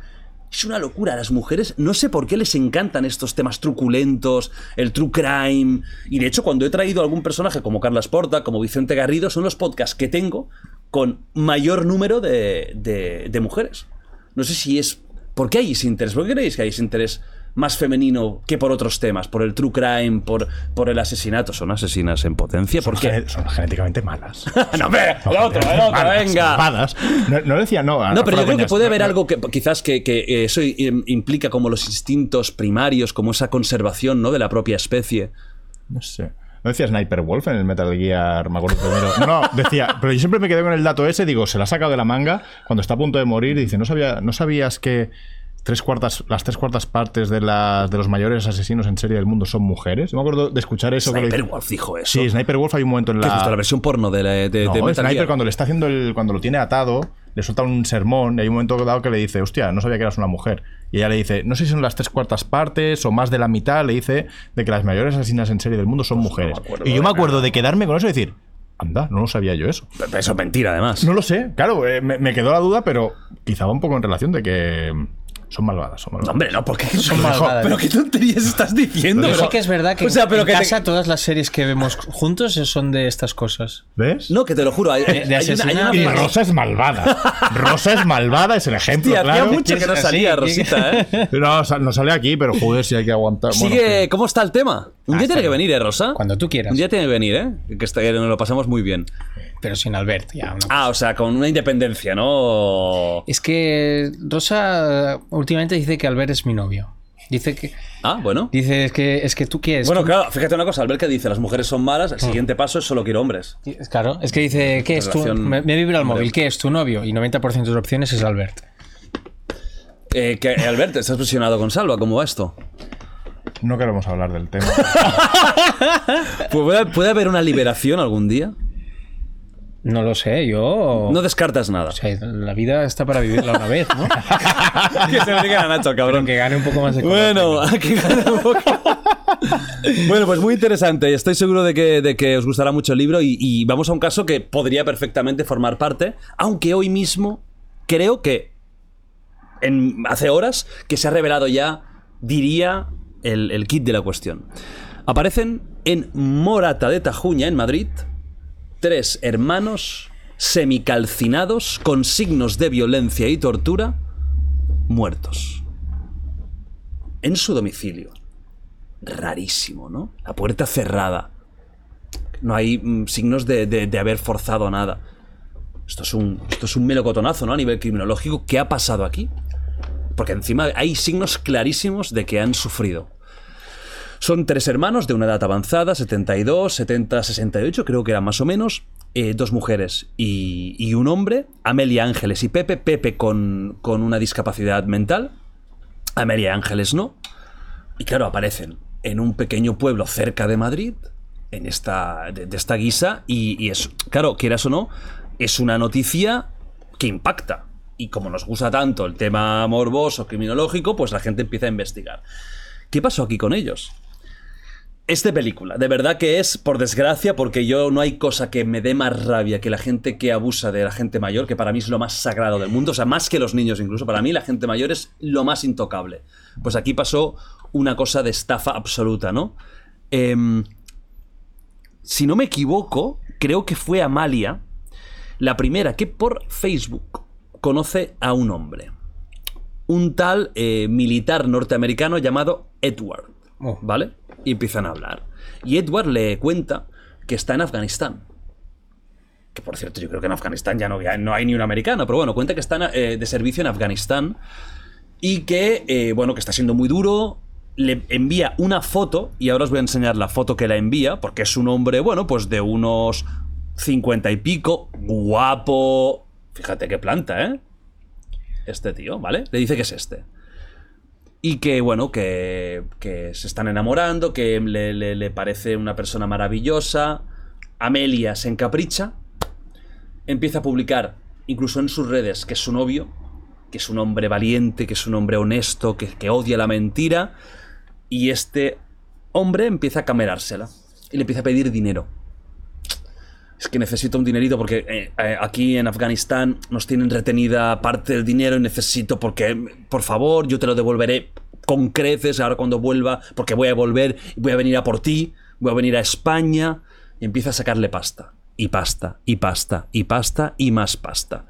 [SPEAKER 1] Es una locura, a las mujeres no sé por qué les encantan estos temas truculentos, el true crime. Y de hecho, cuando he traído algún personaje como Carla Porta, como Vicente Garrido, son los podcasts que tengo con mayor número de, de- de mujeres. No sé si es. ¿Por qué hay ese interés? ¿Por qué creéis que hay ese interés más femenino que por otros temas? Por el true crime, por, por el asesinato. Son asesinas en potencia.
[SPEAKER 2] Son,
[SPEAKER 1] ¿Por qué?
[SPEAKER 2] gene- son genéticamente malas.
[SPEAKER 1] No, hombre, el otro, el otro,
[SPEAKER 2] Malas,
[SPEAKER 1] venga.
[SPEAKER 2] malas. No, no decía no. a-
[SPEAKER 1] No, pero yo
[SPEAKER 2] fuera
[SPEAKER 1] creo que
[SPEAKER 2] coñas.
[SPEAKER 1] puede haber
[SPEAKER 2] No,
[SPEAKER 1] algo que quizás que, que, eh, eso i- im- implica como los instintos primarios, como esa conservación ¿no? de la propia especie.
[SPEAKER 2] No sé. ¿No decía Sniper Wolf en el Metal Gear? Me acuerdo primero. No, no, decía. Pero yo siempre me quedé con el dato ese, digo, se la ha sacado de la manga cuando está a punto de morir. Dice, no, sabía, no sabías que tres cuartas, las tres cuartas partes de, las, de los mayores asesinos en serie del mundo son mujeres. Yo me acuerdo de escuchar eso. que lo
[SPEAKER 1] Sniper
[SPEAKER 2] dice-
[SPEAKER 1] Wolf dijo eso.
[SPEAKER 2] Sí, Sniper Wolf hay un momento en
[SPEAKER 1] ¿Qué
[SPEAKER 2] la.
[SPEAKER 1] es esto, la versión porno de, la, de, de
[SPEAKER 2] No,
[SPEAKER 1] Metal
[SPEAKER 2] Sniper
[SPEAKER 1] Gear?
[SPEAKER 2] cuando le está haciendo el, cuando lo tiene atado, le suelta un sermón y hay un momento dado que le dice, hostia, no sabía que eras una mujer. Y ella le dice, no sé si son las tres cuartas partes o más de la mitad, le dice de que las mayores asesinas en serie del mundo son mujeres. y yo me acuerdo de quedarme con eso y decir, anda, no lo sabía yo eso.
[SPEAKER 1] Pero Eso es mentira, además.
[SPEAKER 2] No lo sé, claro, eh, me, me quedó la duda, pero quizá va un poco en relación de que mm, son malvadas, son malvadas.
[SPEAKER 1] Hombre, no, porque son
[SPEAKER 3] malvadas.
[SPEAKER 1] Pero qué tonterías estás diciendo.
[SPEAKER 3] Pero
[SPEAKER 1] Pero-
[SPEAKER 3] sí que es verdad que
[SPEAKER 1] O sea, pero
[SPEAKER 3] en
[SPEAKER 1] que te-
[SPEAKER 3] casa todas las series que vemos juntos son de estas cosas.
[SPEAKER 2] ¿Ves?
[SPEAKER 1] No, que te lo juro. Hay, hay-
[SPEAKER 3] de
[SPEAKER 1] hay una- hay una
[SPEAKER 3] asesinato.
[SPEAKER 2] Y
[SPEAKER 1] parte-
[SPEAKER 2] Rosa es malvada. Rosa es malvada, es el ejemplo,
[SPEAKER 1] Hostia,
[SPEAKER 2] claro.
[SPEAKER 1] Hacía mucho que no salía Rosita, ¿eh?
[SPEAKER 2] No, sal- no sale aquí, pero joder, si hay que aguantar. bueno,
[SPEAKER 1] Sigue, ¿cómo está el tema? Un día tiene
[SPEAKER 3] Ah, está
[SPEAKER 1] que
[SPEAKER 3] bien.
[SPEAKER 1] venir, ¿eh, Rosa?
[SPEAKER 3] Cuando tú quieras.
[SPEAKER 1] Un día tiene que venir, ¿eh? Que, está- que nos lo pasamos muy bien.
[SPEAKER 3] Pero sin Albert, ya. una-
[SPEAKER 1] Ah, o sea, con una independencia, ¿no?
[SPEAKER 3] Es que Rosa últimamente dice que Albert es mi novio. Dice que.
[SPEAKER 1] Ah, bueno.
[SPEAKER 3] Dice es que es que tú quieres.
[SPEAKER 1] Bueno, claro, fíjate una cosa, Albert que dice, las mujeres son malas, el siguiente paso es solo quiero hombres.
[SPEAKER 3] Tú- claro, es que dice, ¿qué es tu
[SPEAKER 1] Relación-
[SPEAKER 3] Me, me vibra el móvil, ¿qué es tu novio? Y 90% de opciones es Albert.
[SPEAKER 1] Eh, que, eh, Albert, estás presionado con Salva, ¿cómo va esto?
[SPEAKER 2] No queremos hablar del tema.
[SPEAKER 1] Pues ¿Puede, puede haber una liberación algún día?
[SPEAKER 3] No lo sé, yo.
[SPEAKER 1] No descartas nada.
[SPEAKER 3] O sea, la vida está para vivirla una vez, ¿no?
[SPEAKER 1] que se lo digan a Nacho, cabrón.
[SPEAKER 3] que gane un poco más de
[SPEAKER 1] Bueno, aquí gana un poco. bueno, pues muy interesante. Estoy seguro de que, de que os gustará mucho el libro y, y vamos a un caso que podría perfectamente formar parte, aunque hoy mismo creo que en, hace horas que se ha revelado ya, diría, el, el kit de la cuestión. Aparecen en Morata de Tajuña, en Madrid, tres hermanos semicalcinados, con signos de violencia y tortura, muertos. En su domicilio. Rarísimo, ¿no? La puerta cerrada. No hay mm, signos de, de- de haber forzado nada. Esto es, un, esto es un melocotonazo, ¿no? A nivel criminológico, ¿qué ha pasado aquí? Porque encima hay signos clarísimos de que han sufrido. Son tres hermanos de una edad avanzada, 72, 70, 68, creo que eran más o menos. eh, dos mujeres y, y un hombre, Amelia Ángeles y Pepe. Pepe con, con una discapacidad mental, Amelia Ángeles no. Y claro, aparecen en un pequeño pueblo cerca de Madrid, en esta, de, de esta guisa, y, y es, claro, quieras o no, es una noticia que impacta. Y como nos gusta tanto el tema morboso, criminológico, pues la gente empieza a investigar. ¿Qué pasó aquí con ellos? Esta Este película, de verdad que es, por desgracia, porque yo no hay cosa que me dé más rabia que la gente que abusa de la gente mayor, que para mí es lo más sagrado del mundo, o sea, más que los niños incluso, para mí la gente mayor es lo más intocable. Pues aquí pasó una cosa de estafa absoluta, ¿no? Em, si no me equivoco, creo que fue Amalia la primera que por Facebook conoce a un hombre un tal eh, militar norteamericano llamado Edward.
[SPEAKER 6] Oh.
[SPEAKER 1] ¿Vale? Y empiezan a hablar. Y Edward le cuenta que está en Afganistán. Que por cierto, yo creo que en Afganistán ya no, ya no hay ni un americano, pero bueno, cuenta que está en, eh, de servicio en Afganistán y que, eh, bueno, que está siendo muy duro. Le envía una foto, y ahora os voy a enseñar la foto que la envía, porque es un hombre, bueno, pues de unos 50 y pico, guapo. Fíjate qué planta, ¿eh? este tío, ¿vale? Le dice que es este. Y que, bueno, que, que se están enamorando, que le, le- le parece una persona maravillosa. Amelia se encapricha. Empieza a publicar, incluso en sus redes, que es su novio, que es un hombre valiente, que es un hombre honesto, que, que odia la mentira. Y este hombre empieza a camerársela. Y le empieza a pedir dinero. Es que necesito un dinerito porque eh, eh, aquí en Afganistán nos tienen retenida parte del dinero y necesito porque, por favor, yo te lo devolveré con creces ahora cuando vuelva, porque voy a volver, voy a venir a por ti, voy a venir a España y empieza a sacarle pasta. Y pasta, y pasta, y pasta, y más pasta.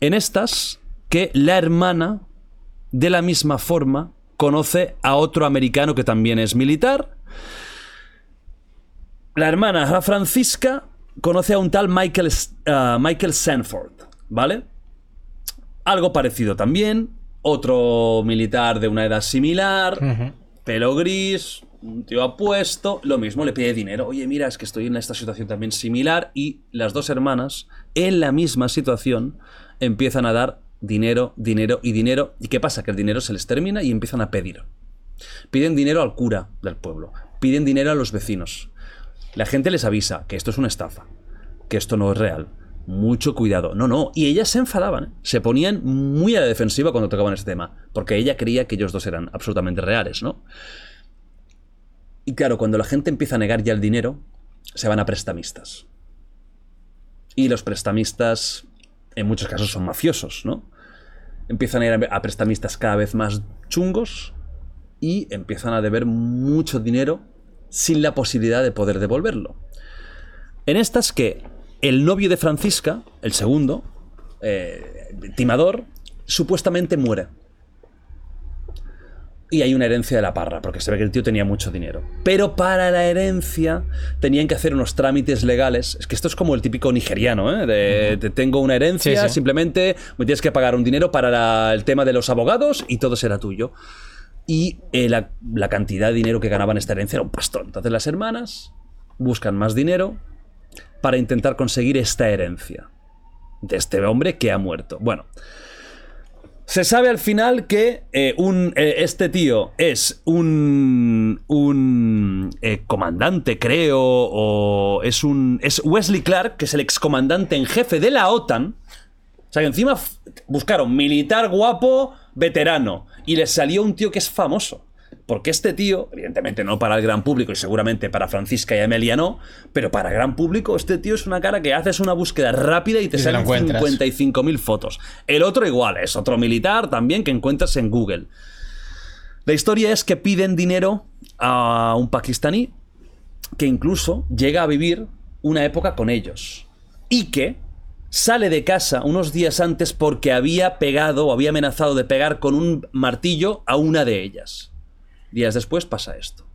[SPEAKER 1] En estas, que la hermana, de la misma forma, conoce a otro americano que también es militar, la hermana la Francisca conoce a un tal Michael, S- ah, Michael Sanford, ¿vale? Algo parecido también, otro militar de una edad similar, pelo gris, un tío apuesto, lo mismo, le pide dinero. Oye, mira, es que estoy en esta situación también similar y las dos hermanas, en la misma situación, empiezan a dar dinero, dinero y dinero. ¿Y qué pasa? Que el dinero se les termina y empiezan a pedir. Piden dinero al cura del pueblo, piden dinero a los vecinos, la gente les avisa que esto es una estafa, que esto no es real. Mucho cuidado. No, no. Y ellas se enfadaban, ¿eh? se ponían muy a la defensiva cuando tocaban este tema, porque ella creía que ellos dos eran absolutamente reales, ¿no? Y claro, cuando la gente empieza a negar ya el dinero, se van a prestamistas. Y los prestamistas, en muchos casos, son mafiosos, ¿no? Empiezan a ir a a prestamistas cada vez más chungos, y empiezan a deber mucho dinero sin la posibilidad de poder devolverlo. En estas que el novio de Francisca, el segundo, eh, timador, supuestamente muere. Y hay una herencia de la parra, porque se ve que el tío tenía mucho dinero. Pero para la herencia tenían que hacer unos trámites legales. Es que esto es como el típico nigeriano, ¿eh? De, de tengo una herencia,
[SPEAKER 6] Sí, sí.
[SPEAKER 1] simplemente me tienes que pagar un dinero para la- el tema de los abogados y todo será tuyo. Y eh, la, la cantidad de dinero que ganaban esta herencia era un pastón. Entonces las hermanas buscan más dinero para intentar conseguir esta herencia de este hombre que ha muerto. Bueno, se sabe al final que eh, un, eh, este tío es un, un eh, comandante, creo, o es un es Wesley Clark, que es el excomandante en jefe de la OTAN. O sea, que encima f- buscaron militar guapo, veterano. Y les salió un tío que es famoso. Porque este tío, evidentemente no para el gran público y seguramente para Francisca y Amelia no, pero para gran público este tío es una cara que haces una búsqueda rápida y
[SPEAKER 6] Y te
[SPEAKER 1] te
[SPEAKER 6] lo
[SPEAKER 1] salen
[SPEAKER 6] encuentras.
[SPEAKER 1] 55.000 fotos. El otro igual, es otro militar también que encuentras en Google. La historia es que piden dinero a un pakistaní que incluso llega a vivir una época con ellos. Y que sale de casa unos días antes porque había pegado o había amenazado de pegar con un martillo a una de ellas. Días después pasa esto.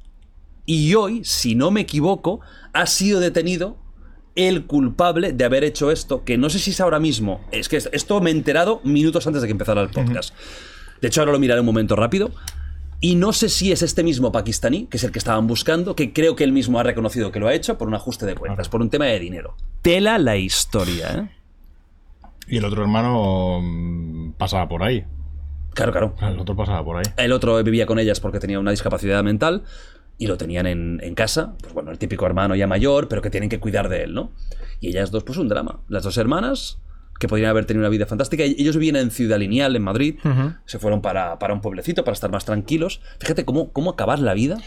[SPEAKER 1] Y hoy, si no me equivoco, ha sido detenido el culpable de haber hecho esto, que no sé si es ahora mismo, es que esto me he enterado minutos antes de que empezara el podcast. De hecho, ahora lo miraré un momento rápido. Y no sé si es este mismo pakistaní, que es el que estaban buscando, que creo que él mismo ha reconocido que lo ha hecho por un ajuste de cuentas, por un tema de dinero. Tela la historia, ¿eh?
[SPEAKER 2] Y el otro hermano mm, pasaba por ahí.
[SPEAKER 1] Claro, claro.
[SPEAKER 2] El otro pasaba por ahí.
[SPEAKER 1] El otro vivía con ellas porque tenía una discapacidad mental y lo tenían en, en casa. Pues bueno, el típico hermano ya mayor, pero que tienen que cuidar de él, ¿no? Y ellas dos, pues un drama. Las dos hermanas, que podrían haber tenido una vida fantástica. Y- Ellos vivían en Ciudad Lineal, en Madrid. Se fueron para, para un pueblecito para estar más tranquilos. Fíjate cómo, cómo acabar la vida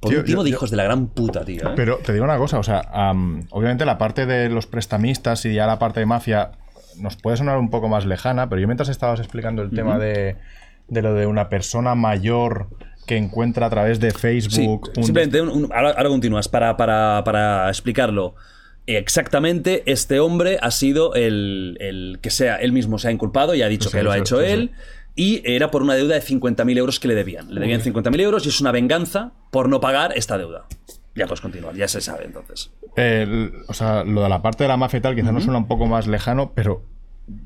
[SPEAKER 1] por
[SPEAKER 2] Tío,
[SPEAKER 1] un tipo
[SPEAKER 2] yo-
[SPEAKER 1] de
[SPEAKER 2] yo-
[SPEAKER 1] hijos de la gran puta, tío. ¿eh?
[SPEAKER 2] Pero te digo una cosa, o sea, am, obviamente la parte de los prestamistas y ya la parte de mafia nos puede sonar un poco más lejana, pero yo mientras estabas explicando el tema de, de lo de una persona mayor que encuentra a través de
[SPEAKER 1] Sí,
[SPEAKER 2] Facebook un-
[SPEAKER 1] simplemente, un- un- ahora, ahora continúas, para, para- para explicarlo. Exactamente, este hombre ha sido el, el que sea, él mismo se ha inculpado y ha dicho
[SPEAKER 2] Sí,
[SPEAKER 1] que lo ha
[SPEAKER 2] sí,
[SPEAKER 1] hecho
[SPEAKER 2] sí,
[SPEAKER 1] él. Y era por una deuda de 50.000 euros que le debían. Le debían 50.000 euros y es una venganza por no pagar esta deuda. Ya puedes continuar, ya se sabe entonces.
[SPEAKER 2] El- eh, o sea, lo de la parte de la mafia y tal, quizás nos suena un poco más lejano, pero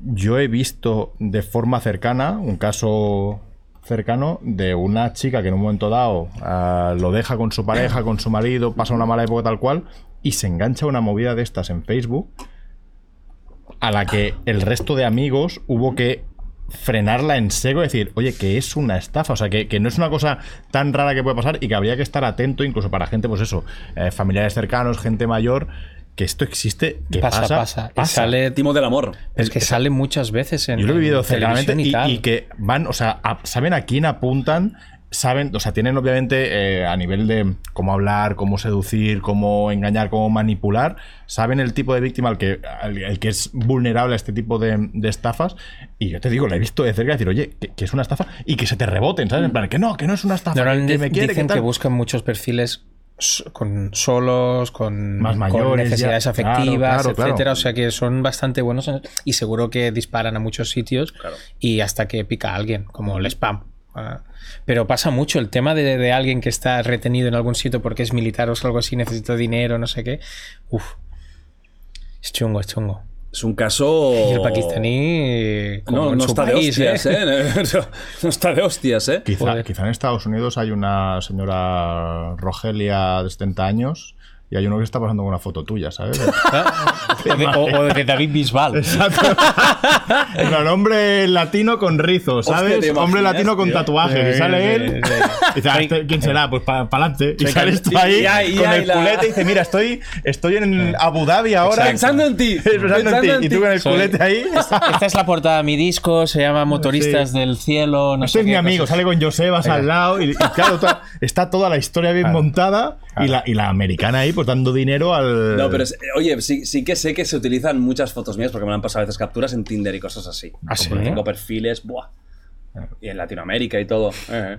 [SPEAKER 2] yo he visto de forma cercana un caso cercano de una chica que en un momento dado ah, lo deja con su pareja, con su marido, pasa una mala época tal cual, y se engancha a una movida de estas en Facebook, a la que el resto de amigos hubo que frenarla en seco y decir, oye, que es una estafa, o sea, que, que no es una cosa tan rara que puede pasar y que habría que estar atento incluso para gente, pues eso, eh, familiares cercanos, gente mayor, que esto existe, que
[SPEAKER 3] pasa,
[SPEAKER 2] pasa,
[SPEAKER 3] pasa. Y sale-
[SPEAKER 1] Timo del amor.
[SPEAKER 3] es que sale muchas veces en
[SPEAKER 2] Yo lo he vivido
[SPEAKER 3] en televisión
[SPEAKER 2] cercanamente
[SPEAKER 3] y,
[SPEAKER 2] y,
[SPEAKER 3] tal.
[SPEAKER 2] y que van, o sea, a- saben a quién apuntan, saben, o sea, tienen obviamente eh, a nivel de cómo hablar, cómo seducir, cómo engañar, cómo manipular, saben el tipo de víctima al que, al, al que es vulnerable a este tipo de, de estafas. Y yo te digo, la he visto de cerca decir, oye, que, que es una estafa y que se te reboten, ¿sabes? En plan, que no, que no es
[SPEAKER 1] Ah,
[SPEAKER 2] una estafa, que-
[SPEAKER 3] Normalmente
[SPEAKER 2] que me quiere,
[SPEAKER 3] dicen que,
[SPEAKER 2] tal.
[SPEAKER 3] buscan muchos perfiles s- con solos, con,
[SPEAKER 2] Más
[SPEAKER 3] con
[SPEAKER 2] mayores,
[SPEAKER 3] necesidades
[SPEAKER 2] ya. Claro,
[SPEAKER 3] afectivas,
[SPEAKER 2] claro, claro.
[SPEAKER 3] etcétera. O sea que son bastante buenos en- y seguro que disparan a muchos sitios y hasta que pica a alguien, como el spam. Ah, Pero pasa mucho el tema de, de alguien que está retenido en algún sitio porque es militar o algo así, necesita dinero, no sé qué. Uf. Es chungo, es chungo.
[SPEAKER 1] Es un caso.
[SPEAKER 3] Y el pakistaní. como
[SPEAKER 1] Oh. No,
[SPEAKER 3] en
[SPEAKER 1] no
[SPEAKER 3] su
[SPEAKER 1] está de
[SPEAKER 3] país, ¿eh?
[SPEAKER 1] hostias, ¿eh? No está de hostias, ¿eh?
[SPEAKER 2] Quizá,
[SPEAKER 3] Joder.
[SPEAKER 2] quizá en Estados Unidos hay una señora Rogelia de 70 años y hay uno que está pasando con una foto tuya, ¿sabes?
[SPEAKER 3] Ah, O de, o- o de David Bisbal.
[SPEAKER 2] En plan, hombre latino con rizo, ¿sabes?
[SPEAKER 1] Hostia, ¿te imaginas,
[SPEAKER 2] hombre latino con
[SPEAKER 1] tío?
[SPEAKER 2] tatuajes. Y sale él. Y dice, "Ah, este, ¿quién será? Pues para adelante. Y sales tú
[SPEAKER 1] y-
[SPEAKER 2] ahí
[SPEAKER 1] y ahí- y
[SPEAKER 2] con
[SPEAKER 1] ahí
[SPEAKER 2] el
[SPEAKER 1] la-
[SPEAKER 2] culete y dice, mira, estoy, estoy en Abu Dhabi ahora.
[SPEAKER 1] Pensando en ti.
[SPEAKER 2] Pensando en ti. Y tú con el
[SPEAKER 3] Soy-
[SPEAKER 2] culete ahí.
[SPEAKER 3] Esta es la portada de mi disco, se llama Motoristas del Cielo. No
[SPEAKER 2] Este
[SPEAKER 3] sé
[SPEAKER 2] es
[SPEAKER 3] qué
[SPEAKER 2] mi amigo,
[SPEAKER 3] cosas.
[SPEAKER 2] sale con Josebas al lado y, y claro, ta- está toda la historia bien montada y, la, y la americana ahí pues dando dinero al...
[SPEAKER 1] No, pero es- eh, oye, sí, sí que sé que se utilizan muchas fotos mías porque me han pasado a veces capturas en Tinder y cosas así.
[SPEAKER 3] ¿Ah, sí?
[SPEAKER 1] Como que Tengo perfiles, buah. Y en Latinoamérica y todo. Eh.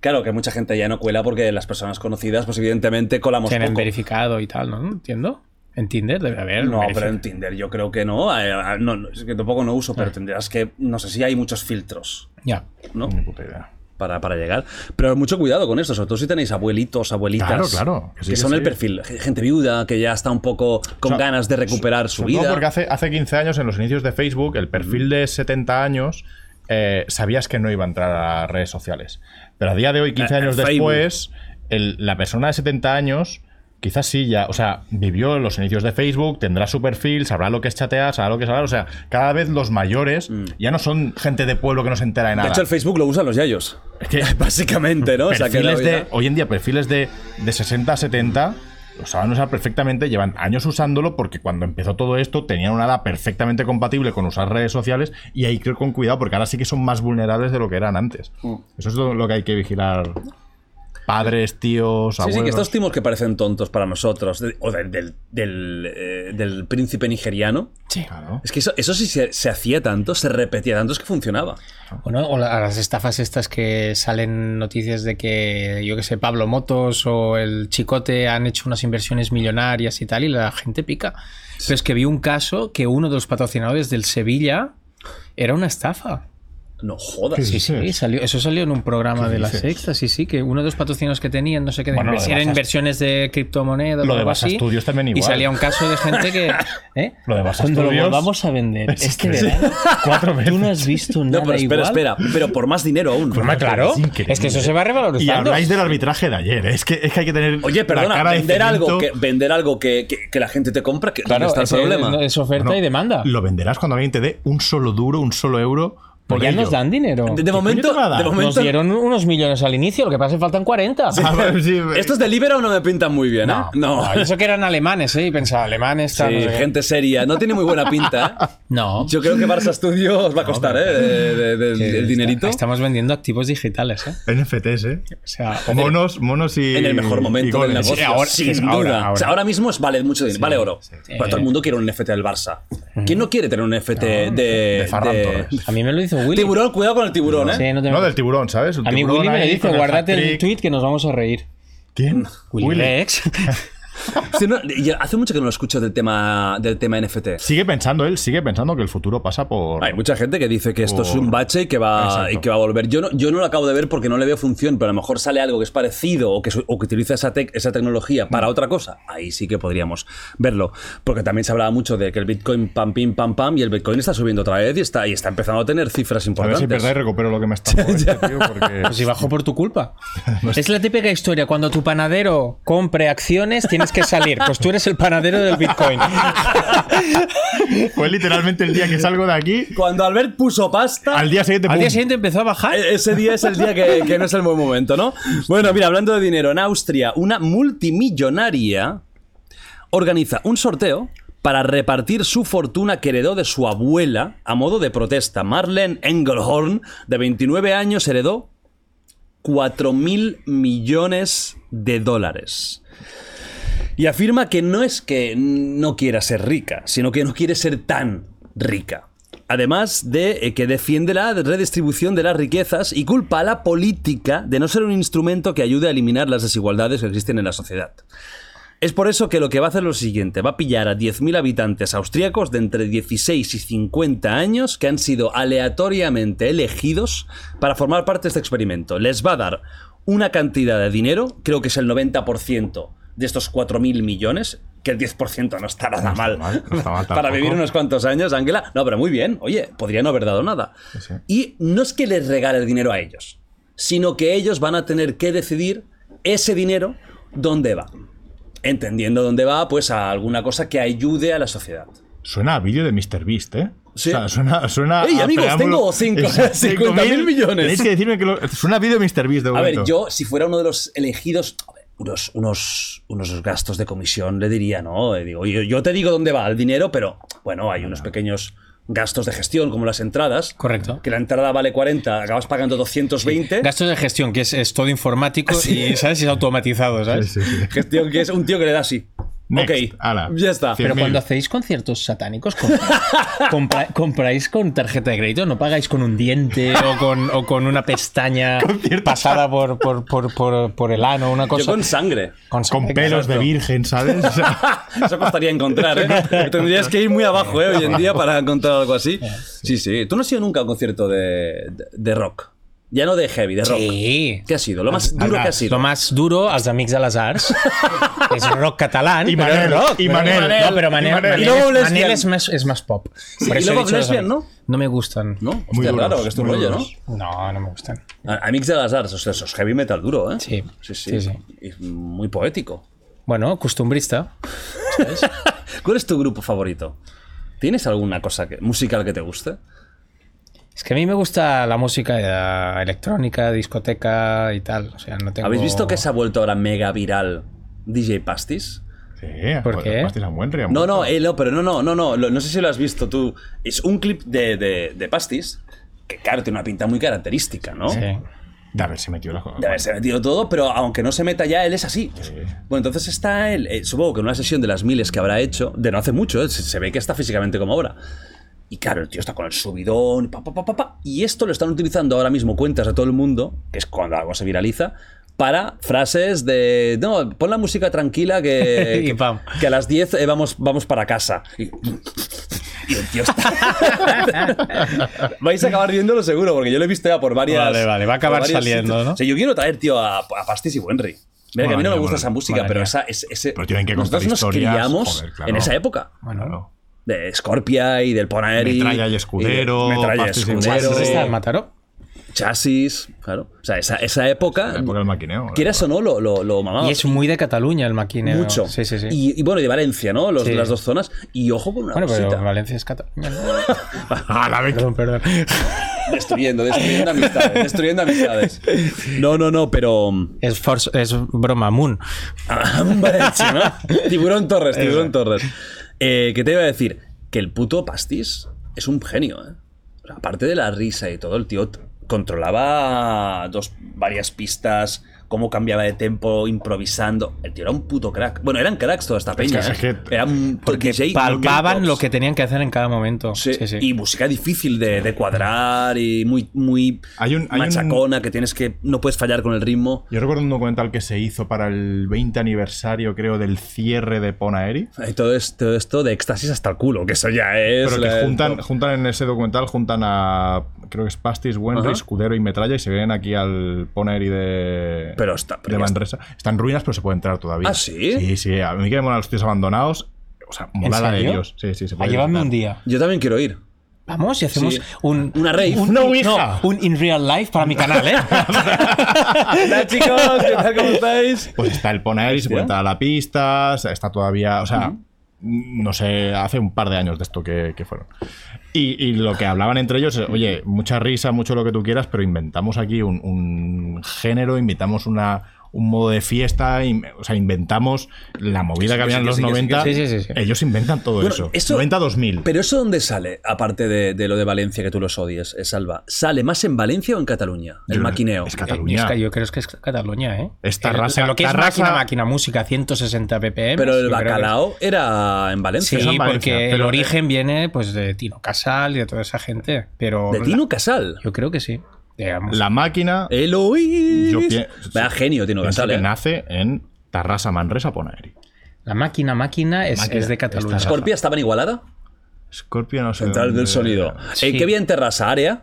[SPEAKER 1] Claro que mucha gente ya no cuela porque las personas conocidas, pues evidentemente colamos
[SPEAKER 3] Tienen
[SPEAKER 1] poco.
[SPEAKER 3] verificado y tal, ¿no? Entiendo. En Tinder debe haber.
[SPEAKER 1] No, pero
[SPEAKER 3] verificado.
[SPEAKER 1] en Tinder yo creo que no. Eh, ah, no, no, Es que tampoco no uso, pero tendrás que. No sé si hay muchos filtros,
[SPEAKER 3] Ya.
[SPEAKER 1] ¿no?
[SPEAKER 2] Ni puta idea.
[SPEAKER 1] Para, para llegar. Pero mucho cuidado con eso, sobre todo si tenéis abuelitos, abuelitas.
[SPEAKER 2] Claro, claro, que
[SPEAKER 1] Que,
[SPEAKER 2] sí, que
[SPEAKER 1] son el
[SPEAKER 2] sí.
[SPEAKER 1] perfil. G- Gente viuda que ya está un poco con
[SPEAKER 2] O sea,
[SPEAKER 1] ganas de recuperar su
[SPEAKER 2] Sobre todo
[SPEAKER 1] vida.
[SPEAKER 2] porque hace, hace 15 años, en los inicios de Facebook, el perfil de 70 años, eh, sabías que no iba a entrar a redes sociales. Pero a día de hoy, 15
[SPEAKER 1] Eh,
[SPEAKER 2] años
[SPEAKER 1] Facebook.
[SPEAKER 2] después, el- la persona de 70 años. Quizás sí, ya, o sea, vivió los inicios de Facebook, tendrá su perfil, sabrá lo que es chatear, sabrá lo que es hablar. O sea, cada vez los mayores ya no son gente de pueblo que no se entera de
[SPEAKER 1] Mm.
[SPEAKER 2] nada.
[SPEAKER 1] De hecho, el Facebook lo usan los yayos.
[SPEAKER 2] Es que-
[SPEAKER 1] Básicamente, ¿no? O sea, que la
[SPEAKER 2] perfiles de,
[SPEAKER 1] vida-
[SPEAKER 2] hoy en día, perfiles de, de 60 a 70, lo saben usar perfectamente, llevan años usándolo porque cuando empezó todo esto tenían una edad perfectamente compatible con usar redes sociales y hay que ir con
[SPEAKER 1] Mm.
[SPEAKER 2] cuidado porque ahora sí que son más vulnerables de lo que eran antes. Eso es lo, lo que hay que vigilar. padres, tíos,
[SPEAKER 1] Sí,
[SPEAKER 2] abuelos.
[SPEAKER 1] sí, que estos timos que parecen tontos para nosotros, de- o del, del, del, eh, del príncipe nigeriano,
[SPEAKER 2] Claro.
[SPEAKER 1] es que eso, eso sí se, se hacía tanto, se repetía tanto, es que funcionaba.
[SPEAKER 3] Bueno, o la- a las estafas estas que salen noticias de que, yo que sé, Pablo Motos o el Chicote han hecho unas inversiones millonarias y tal, y la gente pica. Pero es que vi un caso que uno de los patrocinadores del Sevilla era una estafa.
[SPEAKER 1] No jodas.
[SPEAKER 2] Sí, sí,
[SPEAKER 3] Sí,
[SPEAKER 2] sí.
[SPEAKER 3] sí, salió, eso salió en un programa
[SPEAKER 2] ¿Qué
[SPEAKER 3] de la
[SPEAKER 2] dices?
[SPEAKER 3] sexta, sí, sí, que uno de los patrocinios que tenían, no sé qué, de
[SPEAKER 2] Bueno, lo de
[SPEAKER 3] invers- eran
[SPEAKER 2] Baza-
[SPEAKER 3] inversiones de criptomonedas
[SPEAKER 2] Lo
[SPEAKER 3] o
[SPEAKER 2] de
[SPEAKER 3] algo
[SPEAKER 2] Baza
[SPEAKER 3] así.
[SPEAKER 2] Studios también
[SPEAKER 3] Y
[SPEAKER 2] igual.
[SPEAKER 3] salía un caso de gente que. ¿eh?
[SPEAKER 2] Lo de Baza
[SPEAKER 3] Cuando lo
[SPEAKER 2] Studios-
[SPEAKER 3] volvamos a vender
[SPEAKER 2] Sí,
[SPEAKER 3] este
[SPEAKER 2] sí.
[SPEAKER 3] verano,
[SPEAKER 2] Cuatro veces.
[SPEAKER 3] tú no has visto nada
[SPEAKER 1] No, pero espera,
[SPEAKER 3] igual.
[SPEAKER 1] espera, pero por más dinero aún.
[SPEAKER 3] Hombre, claro.
[SPEAKER 2] Es increíble.
[SPEAKER 3] Es que eso se va
[SPEAKER 2] Y
[SPEAKER 3] revalorizando.
[SPEAKER 2] habláis del arbitraje de ayer. ¿eh? Es que, es que hay que tener.
[SPEAKER 1] Oye,
[SPEAKER 2] la
[SPEAKER 1] perdona,
[SPEAKER 2] cara de
[SPEAKER 1] vender
[SPEAKER 2] cemento.
[SPEAKER 1] algo, que, vender algo que, que- que la gente te compra, que ¿dónde está el
[SPEAKER 3] ese- no,
[SPEAKER 1] problema.
[SPEAKER 3] Es, oferta
[SPEAKER 2] Bueno,
[SPEAKER 3] y demanda.
[SPEAKER 2] Lo venderás cuando alguien te dé un solo duro, un solo euro.
[SPEAKER 3] Pues
[SPEAKER 2] Por
[SPEAKER 3] ya
[SPEAKER 2] ello.
[SPEAKER 3] nos dan dinero.
[SPEAKER 1] De, de momento,
[SPEAKER 2] te va a dar?
[SPEAKER 1] de
[SPEAKER 2] Nos
[SPEAKER 3] nos
[SPEAKER 1] momento
[SPEAKER 3] dieron unos millones al inicio, lo que pasa es que faltan 40.
[SPEAKER 2] Ah, vale, sí,
[SPEAKER 1] estos de Libero no me pintan muy bien, ¿eh?
[SPEAKER 3] No,
[SPEAKER 1] No.
[SPEAKER 3] no, Ah, Eso que eran alemanes, ¿eh? Y pensaba, alemanes, tal,
[SPEAKER 1] Sí,
[SPEAKER 3] no sé qué.
[SPEAKER 1] gente seria. No tiene muy buena pinta, ¿eh?
[SPEAKER 3] No.
[SPEAKER 1] Yo creo que Barça Studios os va a costar, ¿eh? De- de- de-
[SPEAKER 3] que
[SPEAKER 1] el dinerito.
[SPEAKER 3] está- estamos vendiendo activos digitales, ¿eh?
[SPEAKER 2] NFTs, ¿eh?
[SPEAKER 3] O sea,
[SPEAKER 2] Monos, monos y.
[SPEAKER 1] En el mejor
[SPEAKER 2] y
[SPEAKER 1] momento del
[SPEAKER 2] goles.
[SPEAKER 1] negocio,
[SPEAKER 2] Sí, ahora-
[SPEAKER 1] sin
[SPEAKER 2] es
[SPEAKER 1] duda.
[SPEAKER 2] ahora,
[SPEAKER 1] O sea, Ahora,
[SPEAKER 2] ahora.
[SPEAKER 1] mismo es vale mucho dinero, vale oro. Pero todo el mundo quiere un NFT del Barça. ¿Quién no quiere tener un NFT de, de-
[SPEAKER 2] Ferran Torres.
[SPEAKER 3] a mí me lo hizo Willy.
[SPEAKER 1] Tiburón, cuidado con el tiburón, ¿eh?
[SPEAKER 3] Sí, no te-
[SPEAKER 2] No, del tiburón, ¿sabes? El
[SPEAKER 3] a mí
[SPEAKER 2] tiburón
[SPEAKER 3] Willy me lo
[SPEAKER 2] ahí
[SPEAKER 3] dice,
[SPEAKER 2] con el
[SPEAKER 3] guárdate el
[SPEAKER 2] hat-trick.
[SPEAKER 3] tweet que nos vamos a reír.
[SPEAKER 2] ¿Quién?
[SPEAKER 3] Willy,
[SPEAKER 2] Willy.
[SPEAKER 3] Rex.
[SPEAKER 1] Sí, no, y hace mucho que no lo escucho del tema, del tema NFT.
[SPEAKER 2] Sigue pensando él, sigue pensando que el futuro pasa por.
[SPEAKER 1] Hay mucha gente que dice que esto
[SPEAKER 2] Por-
[SPEAKER 1] es un bache y que va,
[SPEAKER 2] Exacto.
[SPEAKER 1] y que va a volver. Yo no, yo no lo acabo de ver porque no le veo función, pero a lo mejor sale algo que es parecido o que, su- o que utiliza esa, tec- esa tecnología
[SPEAKER 2] Mm.
[SPEAKER 1] para otra cosa. Ahí sí que podríamos verlo. Porque también se hablaba mucho de que el Bitcoin pam, pim, pam, pam, y el Bitcoin está subiendo otra vez y está, y está empezando a tener cifras
[SPEAKER 2] a ver si
[SPEAKER 1] importantes.
[SPEAKER 2] verdad y recupero lo que me está este tío, porque.
[SPEAKER 3] Pues si bajó por tu culpa.
[SPEAKER 2] Pues-
[SPEAKER 3] es la típica historia, cuando tu panadero compre acciones, tienes que salir. Pues tú eres el panadero del Bitcoin.
[SPEAKER 2] Fue literalmente el día que salgo de aquí.
[SPEAKER 1] Cuando Albert puso pasta,
[SPEAKER 2] Al día siguiente.
[SPEAKER 3] Al día
[SPEAKER 2] ¡pum!
[SPEAKER 3] siguiente empezó a bajar.
[SPEAKER 1] E- Ese día es el día que, que no es el buen momento, ¿no? Bueno, mira, hablando de dinero, en Austria, una multimillonaria organiza un sorteo para repartir su fortuna que heredó de su abuela a modo de protesta. Marlene Engelhorn, de 29 años, heredó 4.000 millones de dólares. Y afirma que no es que no quiera ser rica, sino que no quiere ser tan rica. Además de eh, que defiende la redistribución de las riquezas y culpa a la política de no ser un instrumento que ayude a eliminar las desigualdades que existen en la sociedad. Es por eso que lo que va a hacer es lo siguiente, va a pillar a 10.000 habitantes austríacos de entre 16 y 50 años que han sido aleatoriamente elegidos para formar parte de este experimento. Les va a dar una cantidad de dinero, creo que es el 90% de estos 4.000 millones, que el 10% no está nada
[SPEAKER 2] está
[SPEAKER 1] mal,
[SPEAKER 2] mal, no está mal
[SPEAKER 1] para
[SPEAKER 2] tampoco.
[SPEAKER 1] vivir unos cuantos años, Ángela. No, pero muy bien, oye, podría no haber dado nada. Y no es que les regale el dinero a ellos, sino que ellos van a tener que decidir ese dinero dónde va entendiendo dónde va, pues a alguna cosa que ayude a la sociedad.
[SPEAKER 2] Suena a vídeo de Mr. Beast, ¿eh?
[SPEAKER 1] Sí.
[SPEAKER 2] O sea, suena, suena
[SPEAKER 1] Ey,
[SPEAKER 2] a
[SPEAKER 1] amigos,
[SPEAKER 2] preámbulo-
[SPEAKER 1] tengo cinco-
[SPEAKER 2] Exacto,
[SPEAKER 1] 50.000
[SPEAKER 2] cinco mil.
[SPEAKER 1] millones.
[SPEAKER 2] Tenéis que decirme que lo- suena a vídeo de Mr. Beast de
[SPEAKER 1] A
[SPEAKER 2] momento.
[SPEAKER 1] ver, yo, si fuera uno de los elegidos, a ver, unos, unos, unos gastos de comisión le diría, ¿no? Eh, Digo, yo, yo te digo dónde va el dinero, pero bueno, hay unos pequeños gastos de gestión, como las entradas.
[SPEAKER 3] Correcto.
[SPEAKER 1] Que la entrada vale 40, acabas pagando 220.
[SPEAKER 3] Gastos de gestión, que es, es todo informático
[SPEAKER 1] Ah,
[SPEAKER 3] y ¿sabes? es automatizado, ¿sabes?
[SPEAKER 2] Sí, sí, sí.
[SPEAKER 1] Gestión que es un tío que le da así.
[SPEAKER 2] Next,
[SPEAKER 1] ok,
[SPEAKER 2] ala.
[SPEAKER 1] ya está.
[SPEAKER 2] Cien
[SPEAKER 3] Pero
[SPEAKER 2] mil.
[SPEAKER 3] cuando hacéis conciertos satánicos, compra- compra- compráis con tarjeta de crédito, no pagáis con un diente o con, o con una pestaña pasada por, por, por, por, por el ano, una
[SPEAKER 1] Yo
[SPEAKER 3] cosa.
[SPEAKER 1] con sangre.
[SPEAKER 2] Con pelos de virgen, ¿sabes? O sea,
[SPEAKER 1] Eso costaría encontrar, ¿eh? Tendrías que ir muy abajo, ¿eh? Hoy en día para encontrar algo así. Sí, sí. ¿Tú no has ido nunca a un concierto de, de- de rock? Ya no de heavy, de rock.
[SPEAKER 3] Sí.
[SPEAKER 1] ¿Qué ha sido? Lo más duro que ha sido.
[SPEAKER 3] Lo más duro, els amics de les arts, és rock catalán,
[SPEAKER 2] I
[SPEAKER 3] però és
[SPEAKER 2] Manel,
[SPEAKER 3] rock.
[SPEAKER 2] i
[SPEAKER 3] però-
[SPEAKER 2] Manel.
[SPEAKER 3] No, però Manel,
[SPEAKER 2] I Manel.
[SPEAKER 3] Manel
[SPEAKER 1] I luego
[SPEAKER 3] és-
[SPEAKER 1] lesbian.
[SPEAKER 3] Manel és més- és més pop. Por
[SPEAKER 1] y
[SPEAKER 3] eso he
[SPEAKER 1] luego
[SPEAKER 3] dicho los
[SPEAKER 1] lesbian,
[SPEAKER 3] amigos. No me gustan.
[SPEAKER 1] ¿No? Hostia,
[SPEAKER 2] Muy duros,
[SPEAKER 1] raro, que es tu
[SPEAKER 2] muy
[SPEAKER 1] rollo,
[SPEAKER 2] duros.
[SPEAKER 3] No, no me gustan.
[SPEAKER 1] ¿no? A- Amix de las Arts, o sea, eso es heavy metal duro, ¿eh?
[SPEAKER 3] Sí.
[SPEAKER 1] Sí, sí.
[SPEAKER 3] Sí, sí.
[SPEAKER 1] Y es muy poético.
[SPEAKER 3] Bueno, costumbrista.
[SPEAKER 1] ¿Cuál es tu grupo favorito? ¿Tienes alguna cosa que, musical que te guste?
[SPEAKER 3] Es que a mí me gusta la música eh, electrónica, discoteca y tal. O sea, no tengo...
[SPEAKER 1] ¿Habéis visto que se ha vuelto ahora mega viral DJ Pastis?
[SPEAKER 2] sí,
[SPEAKER 3] ¿Por
[SPEAKER 2] joder,
[SPEAKER 3] qué?
[SPEAKER 2] pastis a buen río,
[SPEAKER 1] No,
[SPEAKER 2] mucho.
[SPEAKER 1] no, eh, no, pero no, no, no, no, lo- no sé si lo has visto tú. Es un clip de, de- de Pastis, que claro, tiene una pinta muy característica, ¿no?
[SPEAKER 3] Sí.
[SPEAKER 2] De haberse metido las cosas.
[SPEAKER 1] De haberse metido todo, pero aunque no se meta ya, él es así. Bueno, entonces está él, eh, supongo que en una sesión de las miles que habrá hecho, de no hace mucho, eh, se, se ve que está físicamente como ahora. Y claro, el tío está con el subidón, pa, pa, pa, pa, pa, y esto lo están utilizando ahora mismo cuentas de todo el mundo, que es cuando algo se viraliza, para frases de, no, pon la música tranquila que,
[SPEAKER 3] Y pam.
[SPEAKER 1] que a las 10 eh, vamos, vamos para casa. Y, y el tío está... Vais a acabar viéndolo seguro, porque yo lo he visto ya por varias...
[SPEAKER 3] Vale, vale, va a acabar
[SPEAKER 1] por varios
[SPEAKER 3] saliendo,
[SPEAKER 1] sitios.
[SPEAKER 3] ¿no?
[SPEAKER 1] O sea, yo quiero traer, tío, a, a Pastis y Buenry. Mira, que a mí no me
[SPEAKER 2] Madre
[SPEAKER 1] gusta
[SPEAKER 2] mía,
[SPEAKER 1] esa música,
[SPEAKER 3] madre
[SPEAKER 1] pero
[SPEAKER 3] mía.
[SPEAKER 1] esa, es- ese-
[SPEAKER 2] Pero tienen que contar
[SPEAKER 1] nosotros nos
[SPEAKER 2] historias,
[SPEAKER 1] criamos
[SPEAKER 2] joder, claro.
[SPEAKER 1] en esa época.
[SPEAKER 2] Claro.
[SPEAKER 1] De Scorpia y del Ponari.
[SPEAKER 2] Metralla y escudero,
[SPEAKER 1] y de metralla y
[SPEAKER 2] Pastis y
[SPEAKER 1] escudero.
[SPEAKER 2] Buenry.
[SPEAKER 3] ¿Está el Mataró?
[SPEAKER 1] Chasis. Claro. O sea, esa, esa época.
[SPEAKER 2] La época del maquineo. ¿no?
[SPEAKER 1] Quieras o no, lo, lo, lo mamabas.
[SPEAKER 3] Y es muy de Cataluña el maquinero.
[SPEAKER 1] Ah. mucho.
[SPEAKER 3] Sí, sí, sí.
[SPEAKER 1] Y, y bueno, y de Valencia, ¿no? Los,
[SPEAKER 3] Sí.
[SPEAKER 1] Las dos zonas. Y ojo con una
[SPEAKER 3] bueno, pero
[SPEAKER 1] cosita.
[SPEAKER 3] Valencia es Cataluña. ¿no?
[SPEAKER 2] Ah, la vez-
[SPEAKER 3] Perdón, perdón.
[SPEAKER 1] Destruyendo, destruyendo amistades. Destruyendo amistades. No, no, no, pero. mm,
[SPEAKER 3] Es, force- es broma, Moon.
[SPEAKER 1] Ah, un Valencia, ¿no? tiburón Torres, tiburón Torres. Eh, ¿Qué te iba a decir? Que el puto Pastis es un genio, ¿eh? O sea, aparte de la risa y todo, el tío t- controlaba dos, varias pistas, cómo cambiaba de tempo, improvisando. El tío era un puto crack. Bueno, eran cracks toda esta peña.
[SPEAKER 2] que- es
[SPEAKER 1] ¿eh?
[SPEAKER 2] que-
[SPEAKER 1] Era un
[SPEAKER 3] Porque
[SPEAKER 1] DJ
[SPEAKER 3] palpaban
[SPEAKER 1] tops.
[SPEAKER 3] lo que tenían que hacer en cada momento.
[SPEAKER 1] Sí,
[SPEAKER 3] Sí, sí.
[SPEAKER 1] Y música difícil de, de cuadrar y muy, muy
[SPEAKER 2] Hay un- hay un-
[SPEAKER 1] machacona que tienes que. No puedes fallar con el ritmo.
[SPEAKER 2] Yo recuerdo un documental que se hizo para el 20 aniversario, creo, del cierre de Ponaeri.
[SPEAKER 1] Y todo esto, esto de éxtasis hasta el culo, que eso ya es.
[SPEAKER 2] Pero
[SPEAKER 1] la-
[SPEAKER 2] que juntan, juntan en ese documental, juntan a. Creo que es Pastis, Wendy,
[SPEAKER 1] Ajá.
[SPEAKER 2] Escudero y Metralla y se vienen aquí al Poneri de.
[SPEAKER 1] Pero está- pero
[SPEAKER 2] de
[SPEAKER 1] ya
[SPEAKER 2] Manresa. Está en ruinas, pero se puede entrar todavía.
[SPEAKER 1] ¿Ah, sí?
[SPEAKER 2] Sí, sí. A mí que me molan los tíos abandonados. O sea, mola la de
[SPEAKER 3] serio?
[SPEAKER 2] Dios. Sí, sí, se
[SPEAKER 3] Ah,
[SPEAKER 2] puede
[SPEAKER 3] llévame un
[SPEAKER 2] visitar.
[SPEAKER 3] día.
[SPEAKER 1] Yo también quiero ir.
[SPEAKER 3] Vamos y hacemos
[SPEAKER 1] Sí.
[SPEAKER 3] un.
[SPEAKER 1] Una rave.
[SPEAKER 3] Un,
[SPEAKER 2] Una
[SPEAKER 3] no,
[SPEAKER 2] ouija.
[SPEAKER 3] un in real life para mi canal, ¿eh?
[SPEAKER 1] Hola chicos, ¿qué tal? ¿Cómo estáis?
[SPEAKER 2] Pues está el Poneri, se puede entrar a la pista, o sea, está todavía. O sea. mm, No sé, hace un par de años de esto que, que fueron. Y, y lo que hablaban entre ellos es, oye, mucha risa, mucho lo que tú quieras, pero inventamos aquí un, un género, inventamos una, un modo de fiesta, in- o sea, inventamos la movida que había en
[SPEAKER 1] sí,
[SPEAKER 2] los
[SPEAKER 1] sí, sí,
[SPEAKER 2] 90.
[SPEAKER 3] sí, sí, sí, sí.
[SPEAKER 2] Ellos inventan todo
[SPEAKER 1] Bueno,
[SPEAKER 2] eso.
[SPEAKER 1] eso-
[SPEAKER 2] 90-2000.
[SPEAKER 1] Pero eso dónde sale, aparte de, de lo de Valencia que tú los odies, eh, Salva. ¿Sale más en Valencia o en Cataluña? El
[SPEAKER 2] Yo-
[SPEAKER 1] maquineo. Eh,
[SPEAKER 2] Es
[SPEAKER 3] Y es
[SPEAKER 2] Cataluña.
[SPEAKER 3] que yo creo que es Cataluña, ¿eh?
[SPEAKER 2] Esta
[SPEAKER 3] El-
[SPEAKER 2] raza-
[SPEAKER 3] o sea, lo que es
[SPEAKER 2] esta
[SPEAKER 3] máquina,
[SPEAKER 2] raza-
[SPEAKER 3] máquina, música, 160 ppm.
[SPEAKER 1] Pero el
[SPEAKER 3] yo creo que-
[SPEAKER 1] bacalao era en Valencia.
[SPEAKER 3] Sí,
[SPEAKER 2] es en Valencia,
[SPEAKER 3] porque el
[SPEAKER 2] pero-
[SPEAKER 3] origen viene pues de Tino Casal y de toda esa gente. Pero
[SPEAKER 1] De
[SPEAKER 3] la-
[SPEAKER 1] Tino Casal.
[SPEAKER 3] yo creo que sí. Digamos.
[SPEAKER 2] La máquina
[SPEAKER 1] Eh, Eloís.
[SPEAKER 2] Yo pien-
[SPEAKER 1] Vaya genio Tino
[SPEAKER 2] pienso
[SPEAKER 1] Casal,
[SPEAKER 2] que
[SPEAKER 1] eh.
[SPEAKER 2] nace en Tarrasa, Manresa, Poneri.
[SPEAKER 3] La máquina, máquina es,
[SPEAKER 2] Máquina,
[SPEAKER 3] es de Cataluña.
[SPEAKER 2] esta
[SPEAKER 1] ¿Scorpia estaban igualada?
[SPEAKER 2] Scorpio no sé.
[SPEAKER 1] Central del
[SPEAKER 2] dónde-
[SPEAKER 1] sonido.
[SPEAKER 3] Sí.
[SPEAKER 1] Eh, ¿Qué bien terraza, área?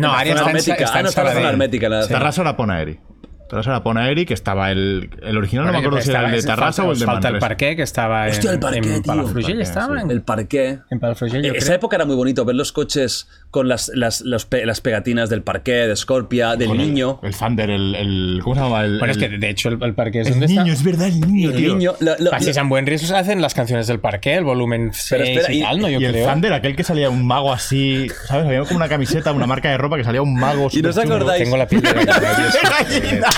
[SPEAKER 3] No, Aria
[SPEAKER 1] Zona
[SPEAKER 3] está en,
[SPEAKER 1] hermética.
[SPEAKER 3] está
[SPEAKER 1] Ah,
[SPEAKER 3] en
[SPEAKER 1] no, está en
[SPEAKER 3] Sabadell.
[SPEAKER 1] zona hermética. la-
[SPEAKER 2] Tarrasa era Poneri. Tarrasa era Poneri, que estaba el. El original no me acuerdo si era el de
[SPEAKER 3] Estaba-
[SPEAKER 2] Tarrasa o el de
[SPEAKER 3] Falta el
[SPEAKER 2] Manresa.
[SPEAKER 3] parqué que estaba en,
[SPEAKER 1] Hostia, el parqué, tío.
[SPEAKER 3] en Palafrugell.
[SPEAKER 2] Parqué,
[SPEAKER 3] Estaba
[SPEAKER 2] sí.
[SPEAKER 3] en,
[SPEAKER 1] El parqué.
[SPEAKER 3] en Palafrugell, yo
[SPEAKER 1] Eh, Esa
[SPEAKER 3] creo.
[SPEAKER 1] época era muy bonito ver los coches con las, las, los pe- las pegatinas del parqué, de Scorpia, del
[SPEAKER 2] Con el-
[SPEAKER 1] niño.
[SPEAKER 2] El, Thunder, el, el- ¿Cómo se llama? El,
[SPEAKER 3] Bueno, es que
[SPEAKER 2] el-
[SPEAKER 3] de hecho el, el parqué es
[SPEAKER 2] el
[SPEAKER 3] donde
[SPEAKER 2] niño,
[SPEAKER 3] está.
[SPEAKER 2] es verdad, el niño,
[SPEAKER 1] El
[SPEAKER 2] tío.
[SPEAKER 1] niño. lo- lo-
[SPEAKER 3] Así
[SPEAKER 1] lo-
[SPEAKER 3] San Buen Riesgos hacen las canciones del parqué, el volumen 6
[SPEAKER 1] espera,
[SPEAKER 3] y,
[SPEAKER 1] y-
[SPEAKER 3] tal, ¿no? Yo
[SPEAKER 2] y el
[SPEAKER 3] creo.
[SPEAKER 2] Thunder, aquel que salía un mago así, ¿sabes? Había como una camiseta, una marca de ropa que salía un mago.
[SPEAKER 1] ¿Y no os
[SPEAKER 2] superchulo.
[SPEAKER 1] acordáis?
[SPEAKER 3] Tengo la piel de gallina.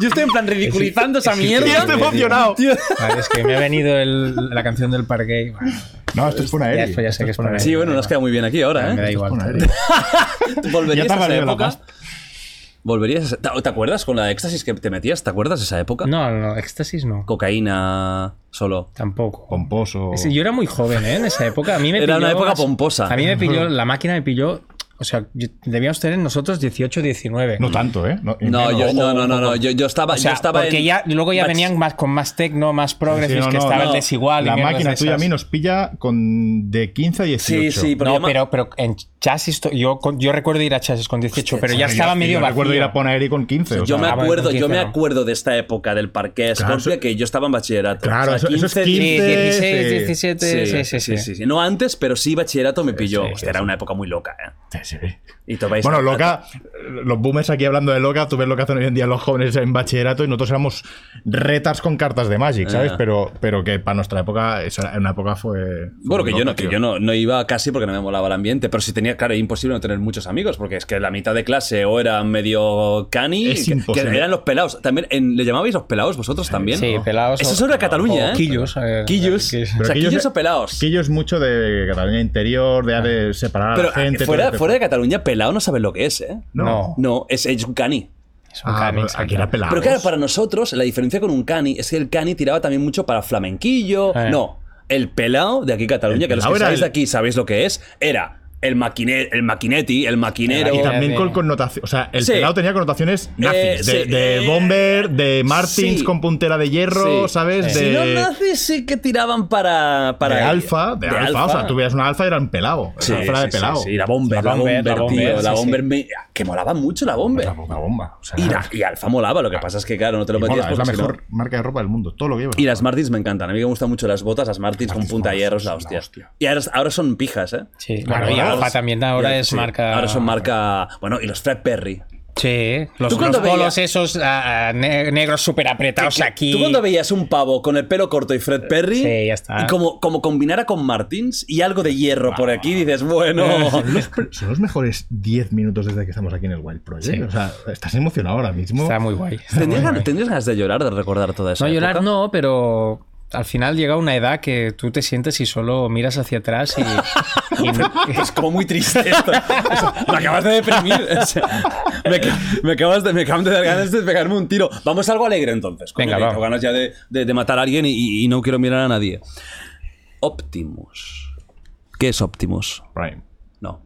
[SPEAKER 1] Yo estoy en plan ridiculizando esa
[SPEAKER 2] Tío, estoy emocionado.
[SPEAKER 3] Vale, es que me ha venido el- la canción del parqué. y,
[SPEAKER 2] ¿Eh?
[SPEAKER 3] bueno,
[SPEAKER 2] No, esto es
[SPEAKER 3] ya,
[SPEAKER 2] Poneri.
[SPEAKER 3] esto ya sé que es para
[SPEAKER 1] Sí, bueno, nos queda muy bien aquí ahora,
[SPEAKER 3] me da
[SPEAKER 1] ¿eh?
[SPEAKER 3] igual.
[SPEAKER 2] Poneri. Ya
[SPEAKER 1] ¿Volverías
[SPEAKER 2] te ha
[SPEAKER 1] a esa
[SPEAKER 2] valido la
[SPEAKER 1] época?
[SPEAKER 2] pasta.
[SPEAKER 1] ¿Volverías a esa- ¿Te te acuerdas con la de éxtasis que te metías? ¿Te acuerdas de esa época?
[SPEAKER 3] No, no, éxtasis no.
[SPEAKER 1] Cocaína solo.
[SPEAKER 3] Tampoco.
[SPEAKER 2] Pomposo.
[SPEAKER 3] Sí, yo era muy joven, ¿eh? En esa época. A mí me
[SPEAKER 1] Era
[SPEAKER 3] pilló
[SPEAKER 1] una época pomposa.
[SPEAKER 3] A mí me pilló, la máquina me pilló. O sea, yo- debíamos tener nosotros 18, 19.
[SPEAKER 2] No tanto, ¿eh? No,
[SPEAKER 1] No, yo, no, no, no, no, Yo, yo estaba,
[SPEAKER 3] O sea,
[SPEAKER 1] yo estaba
[SPEAKER 3] porque
[SPEAKER 1] en-
[SPEAKER 3] ya, luego ya
[SPEAKER 1] Max-
[SPEAKER 3] venían más, con más tecno, más progressive,
[SPEAKER 2] Sí, no,
[SPEAKER 3] que
[SPEAKER 2] no,
[SPEAKER 3] estaba
[SPEAKER 2] no.
[SPEAKER 3] el desigual. y
[SPEAKER 2] La
[SPEAKER 3] mierdas
[SPEAKER 2] máquina
[SPEAKER 3] de
[SPEAKER 2] tuya a
[SPEAKER 3] esas.
[SPEAKER 2] mí nos pilla con de 15 a
[SPEAKER 1] Sí,
[SPEAKER 2] 18.
[SPEAKER 1] sí, pero,
[SPEAKER 3] No,
[SPEAKER 1] llama-
[SPEAKER 3] pero, pero en chasis, to- yo, con- yo recuerdo ir a chasis con 18, pero ya
[SPEAKER 2] Yo-
[SPEAKER 3] estaba
[SPEAKER 2] yo
[SPEAKER 3] medio vacío.
[SPEAKER 2] recuerdo ir a Poneri con 15. o
[SPEAKER 1] Yo me
[SPEAKER 2] sea,
[SPEAKER 3] Ah, bueno,
[SPEAKER 1] acuerdo,
[SPEAKER 3] con
[SPEAKER 1] yo me
[SPEAKER 3] 15 no.
[SPEAKER 1] acuerdo de esta época del parque
[SPEAKER 2] Claro,
[SPEAKER 1] Scorpia
[SPEAKER 2] eso-
[SPEAKER 1] que yo estaba en bachillerato.
[SPEAKER 2] Claro,
[SPEAKER 1] O sea,
[SPEAKER 2] eso- eso es
[SPEAKER 1] 15,
[SPEAKER 2] 15,
[SPEAKER 3] Sí, 16,
[SPEAKER 2] Sí.
[SPEAKER 3] 17, sí, sí, sí.
[SPEAKER 1] sí, sí. No antes, pero sí bachillerato me pilló.
[SPEAKER 3] sí,
[SPEAKER 1] Hostia, era una época muy loca, ¿eh?
[SPEAKER 2] sí, sí.
[SPEAKER 1] Y te vais
[SPEAKER 2] Bueno,
[SPEAKER 1] a-
[SPEAKER 2] loca, los boomers aquí hablando de loca, tú ves lo que hacen hoy en día los jóvenes en bachillerato y nosotros éramos retas con cartas de Magic, ¿sabes?
[SPEAKER 1] Ah.
[SPEAKER 2] Pero, pero que para nuestra época, eso era- en una época fue. fue
[SPEAKER 1] Bueno,
[SPEAKER 2] muy
[SPEAKER 1] que yo,
[SPEAKER 2] loca,
[SPEAKER 1] no, que
[SPEAKER 2] tío.
[SPEAKER 1] yo no, no iba casi porque no me molaba el ambiente, pero sí tenía, claro, imposible no tener muchos amigos, porque es que la mitad de clase o eran medio cani,
[SPEAKER 2] Es
[SPEAKER 1] que- que,
[SPEAKER 2] imposible.
[SPEAKER 1] eran los pelados. También, en- ¿Le llamabais los pelados vosotros también?
[SPEAKER 3] Sí, pelados.
[SPEAKER 1] Eso
[SPEAKER 3] o-
[SPEAKER 1] es sobre Cataluña,
[SPEAKER 3] o
[SPEAKER 1] ¿eh?
[SPEAKER 3] Quillos. eh,
[SPEAKER 1] Quillos.
[SPEAKER 3] que-
[SPEAKER 1] o sea,
[SPEAKER 2] Pero
[SPEAKER 1] quillos
[SPEAKER 2] quillos-
[SPEAKER 1] o pelados.
[SPEAKER 2] Que ello es mucho de Cataluña interior, de, de separar a
[SPEAKER 1] Ah. Pero eh,
[SPEAKER 2] la gente.
[SPEAKER 1] fuera,
[SPEAKER 2] todo este
[SPEAKER 1] fuera de de Cataluña pelado no saben lo que es, ¿eh?
[SPEAKER 2] No.
[SPEAKER 1] No, es es un cani.
[SPEAKER 3] Es un
[SPEAKER 2] Ah,
[SPEAKER 3] cani,
[SPEAKER 2] pero
[SPEAKER 3] exacto.
[SPEAKER 2] aquí era pelado.
[SPEAKER 1] Pero claro, para nosotros, la diferencia con un cani es que el cani tiraba también mucho para flamenquillo.
[SPEAKER 3] Eh.
[SPEAKER 1] No, el pelao de aquí Cataluña,
[SPEAKER 2] El
[SPEAKER 1] que los
[SPEAKER 2] pelao
[SPEAKER 1] que
[SPEAKER 2] era
[SPEAKER 1] sabéis de
[SPEAKER 2] el-
[SPEAKER 1] aquí sabéis lo que es, era el, maquine- el maquineti, el maquinero.
[SPEAKER 2] Y también
[SPEAKER 3] de-
[SPEAKER 2] con connotaciones. O sea, el
[SPEAKER 1] Sí.
[SPEAKER 2] pelado tenía connotaciones nazis.
[SPEAKER 1] Eh,
[SPEAKER 2] de,
[SPEAKER 1] sí.
[SPEAKER 2] de bomber, de Martins
[SPEAKER 1] Sí.
[SPEAKER 2] con puntera de hierro,
[SPEAKER 1] Sí.
[SPEAKER 2] ¿sabes?
[SPEAKER 1] Si
[SPEAKER 2] De,
[SPEAKER 1] no nazis sí que tiraban para... para
[SPEAKER 2] de alfa. De, alfa. O sea, tú veías una alfa y era un pelado.
[SPEAKER 1] Sí,
[SPEAKER 2] era fuera
[SPEAKER 1] sí,
[SPEAKER 2] de
[SPEAKER 1] sí,
[SPEAKER 2] pelado.
[SPEAKER 1] sí, la bomber, la
[SPEAKER 3] La
[SPEAKER 1] bomber,
[SPEAKER 3] bomber, la
[SPEAKER 1] tío,
[SPEAKER 3] bomber,
[SPEAKER 1] la
[SPEAKER 3] sí,
[SPEAKER 1] bomber me- que molaba mucho la bomber.
[SPEAKER 2] Era Una bomba. O sea,
[SPEAKER 1] Y, la- y Alfa molaba, lo que pasa es que claro, no te lo
[SPEAKER 2] mola,
[SPEAKER 1] metías
[SPEAKER 2] es la
[SPEAKER 1] porque si no-
[SPEAKER 2] mejor marca de ropa del mundo. Todo lo que lleva.
[SPEAKER 1] Y las Martins me encantan. A mí que me gustan mucho las botas, las Martins con
[SPEAKER 2] Martins
[SPEAKER 1] punta
[SPEAKER 2] con
[SPEAKER 1] hierro es la
[SPEAKER 2] las-
[SPEAKER 1] hostia.
[SPEAKER 2] la hostia.
[SPEAKER 1] Y ahora, ahora son pijas, ¿eh?
[SPEAKER 3] Sí,
[SPEAKER 2] Bueno,
[SPEAKER 3] bueno, y
[SPEAKER 2] ahora
[SPEAKER 3] Alfa
[SPEAKER 2] es- eh,
[SPEAKER 3] también ahora es
[SPEAKER 1] Sí.
[SPEAKER 3] marca.
[SPEAKER 1] Ahora son marca. Bueno, y los Fred Perry.
[SPEAKER 3] Sí, ¿eh? los,
[SPEAKER 1] ¿Tú cuándo
[SPEAKER 3] los polos
[SPEAKER 1] veías?
[SPEAKER 3] esos ah, ah, ne- negros súper apretados aquí. Eh,
[SPEAKER 1] Tú cuando veías un pavo con el pelo corto y Fred Perry.
[SPEAKER 3] Sí, ya está.
[SPEAKER 1] Y como, como combinara con Martins y algo de hierro por aquí, dices, bueno.
[SPEAKER 2] Son los mejores 10 minutos desde que estamos aquí en el Wild Project.
[SPEAKER 3] Sí.
[SPEAKER 2] O sea, estás emocionado ahora mismo.
[SPEAKER 3] Está muy guay. está muy
[SPEAKER 1] ¿Tendrías,
[SPEAKER 3] guay.
[SPEAKER 1] ganas- tendrías ganas de llorar, de recordar toda esa
[SPEAKER 3] No llorar
[SPEAKER 1] época?
[SPEAKER 3] no, pero al final llega una edad que tú te sientes y solo miras hacia atrás y, y no-
[SPEAKER 1] Es como muy triste esto. O sea, me acabas de deprimir. O sea, me, ca- me acabas de, me acaban de dar ganas de pegarme un tiro. Vamos a algo alegre entonces. coño,
[SPEAKER 3] Venga,
[SPEAKER 1] que
[SPEAKER 3] va.
[SPEAKER 1] tengo ganas ya de, de- de matar a alguien y- y- y no quiero mirar a nadie. Optimus. ¿Qué es Optimus?
[SPEAKER 2] Prime.
[SPEAKER 1] No.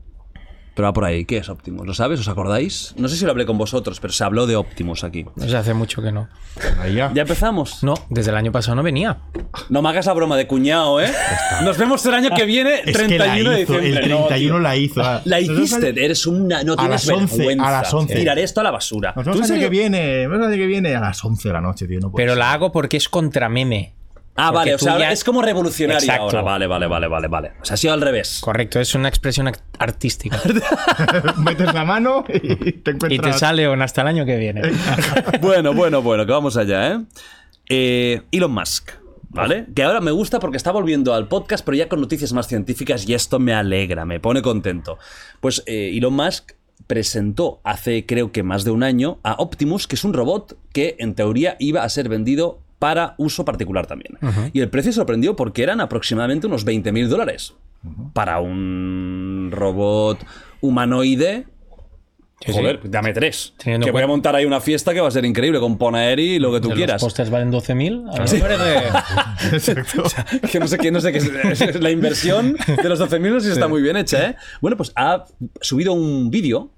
[SPEAKER 1] Pero va por ahí. ¿Qué es Optimus? ¿Lo sabes? ¿Os acordáis? No sé si lo hablé con vosotros, pero se habló de Optimus aquí.
[SPEAKER 3] no sé, hace mucho que no.
[SPEAKER 2] Ahí ya.
[SPEAKER 1] ¿Ya empezamos?
[SPEAKER 3] No, desde el año pasado no venía.
[SPEAKER 2] Pues
[SPEAKER 1] No me hagas la broma de cuñado, ¿eh? Nos vemos el año que viene,
[SPEAKER 2] Es
[SPEAKER 1] 31
[SPEAKER 2] que la
[SPEAKER 1] de
[SPEAKER 2] hizo,
[SPEAKER 1] diciembre.
[SPEAKER 2] el
[SPEAKER 1] No,
[SPEAKER 2] 31
[SPEAKER 1] tío.
[SPEAKER 2] la hizo.
[SPEAKER 1] La hiciste, eres una. No tienes
[SPEAKER 2] las 11,
[SPEAKER 1] vergüenza.
[SPEAKER 2] a las 11.
[SPEAKER 1] Tiraré esto a la basura.
[SPEAKER 2] Nos
[SPEAKER 1] ¿Tú en
[SPEAKER 2] vemos el año
[SPEAKER 1] serio?
[SPEAKER 2] que viene. Nos vemos el año que viene a las 11 de la noche, tío. No puede
[SPEAKER 3] Pero
[SPEAKER 2] ser.
[SPEAKER 3] la hago porque es contra meme.
[SPEAKER 1] Ah,
[SPEAKER 3] Porque
[SPEAKER 1] vale, o
[SPEAKER 3] tú
[SPEAKER 1] sea,
[SPEAKER 3] ya-
[SPEAKER 1] es como revolucionaria
[SPEAKER 3] Exacto.
[SPEAKER 1] ahora. Vale, vale, vale, vale, vale. O sea, ha sido al revés.
[SPEAKER 3] Correcto, es una expresión act- artística.
[SPEAKER 2] Metes la mano y te
[SPEAKER 3] y te
[SPEAKER 2] encuentras.
[SPEAKER 3] sale un hasta el año que viene.
[SPEAKER 1] bueno, bueno, bueno, que vamos allá, ¿eh? Eh, Elon Musk, ¿vale? Que ahora me gusta porque está volviendo al podcast, pero ya con noticias más científicas y esto me alegra, me pone contento. Pues eh, Elon Musk presentó hace creo que más de un año a Optimus, que es un robot que en teoría iba a ser vendido para uso particular también. Y el precio sorprendió porque eran aproximadamente unos 20 mil dólares para un robot humanoide
[SPEAKER 3] Sí, sí.
[SPEAKER 1] Joder, dame tres.
[SPEAKER 3] Teniendo
[SPEAKER 1] que voy a
[SPEAKER 3] cuenta-
[SPEAKER 1] montar ahí una fiesta que va a ser increíble con Ponaeri y lo que tú
[SPEAKER 3] Los
[SPEAKER 1] quieras.
[SPEAKER 3] postres valen 12.000. a mí me parece-
[SPEAKER 2] Exacto.
[SPEAKER 1] Que no sé qué, no sé qué es, es la inversión de los 12.000 no sé si está muy bien hecha, ¿eh? Bueno, pues ha subido un vídeo.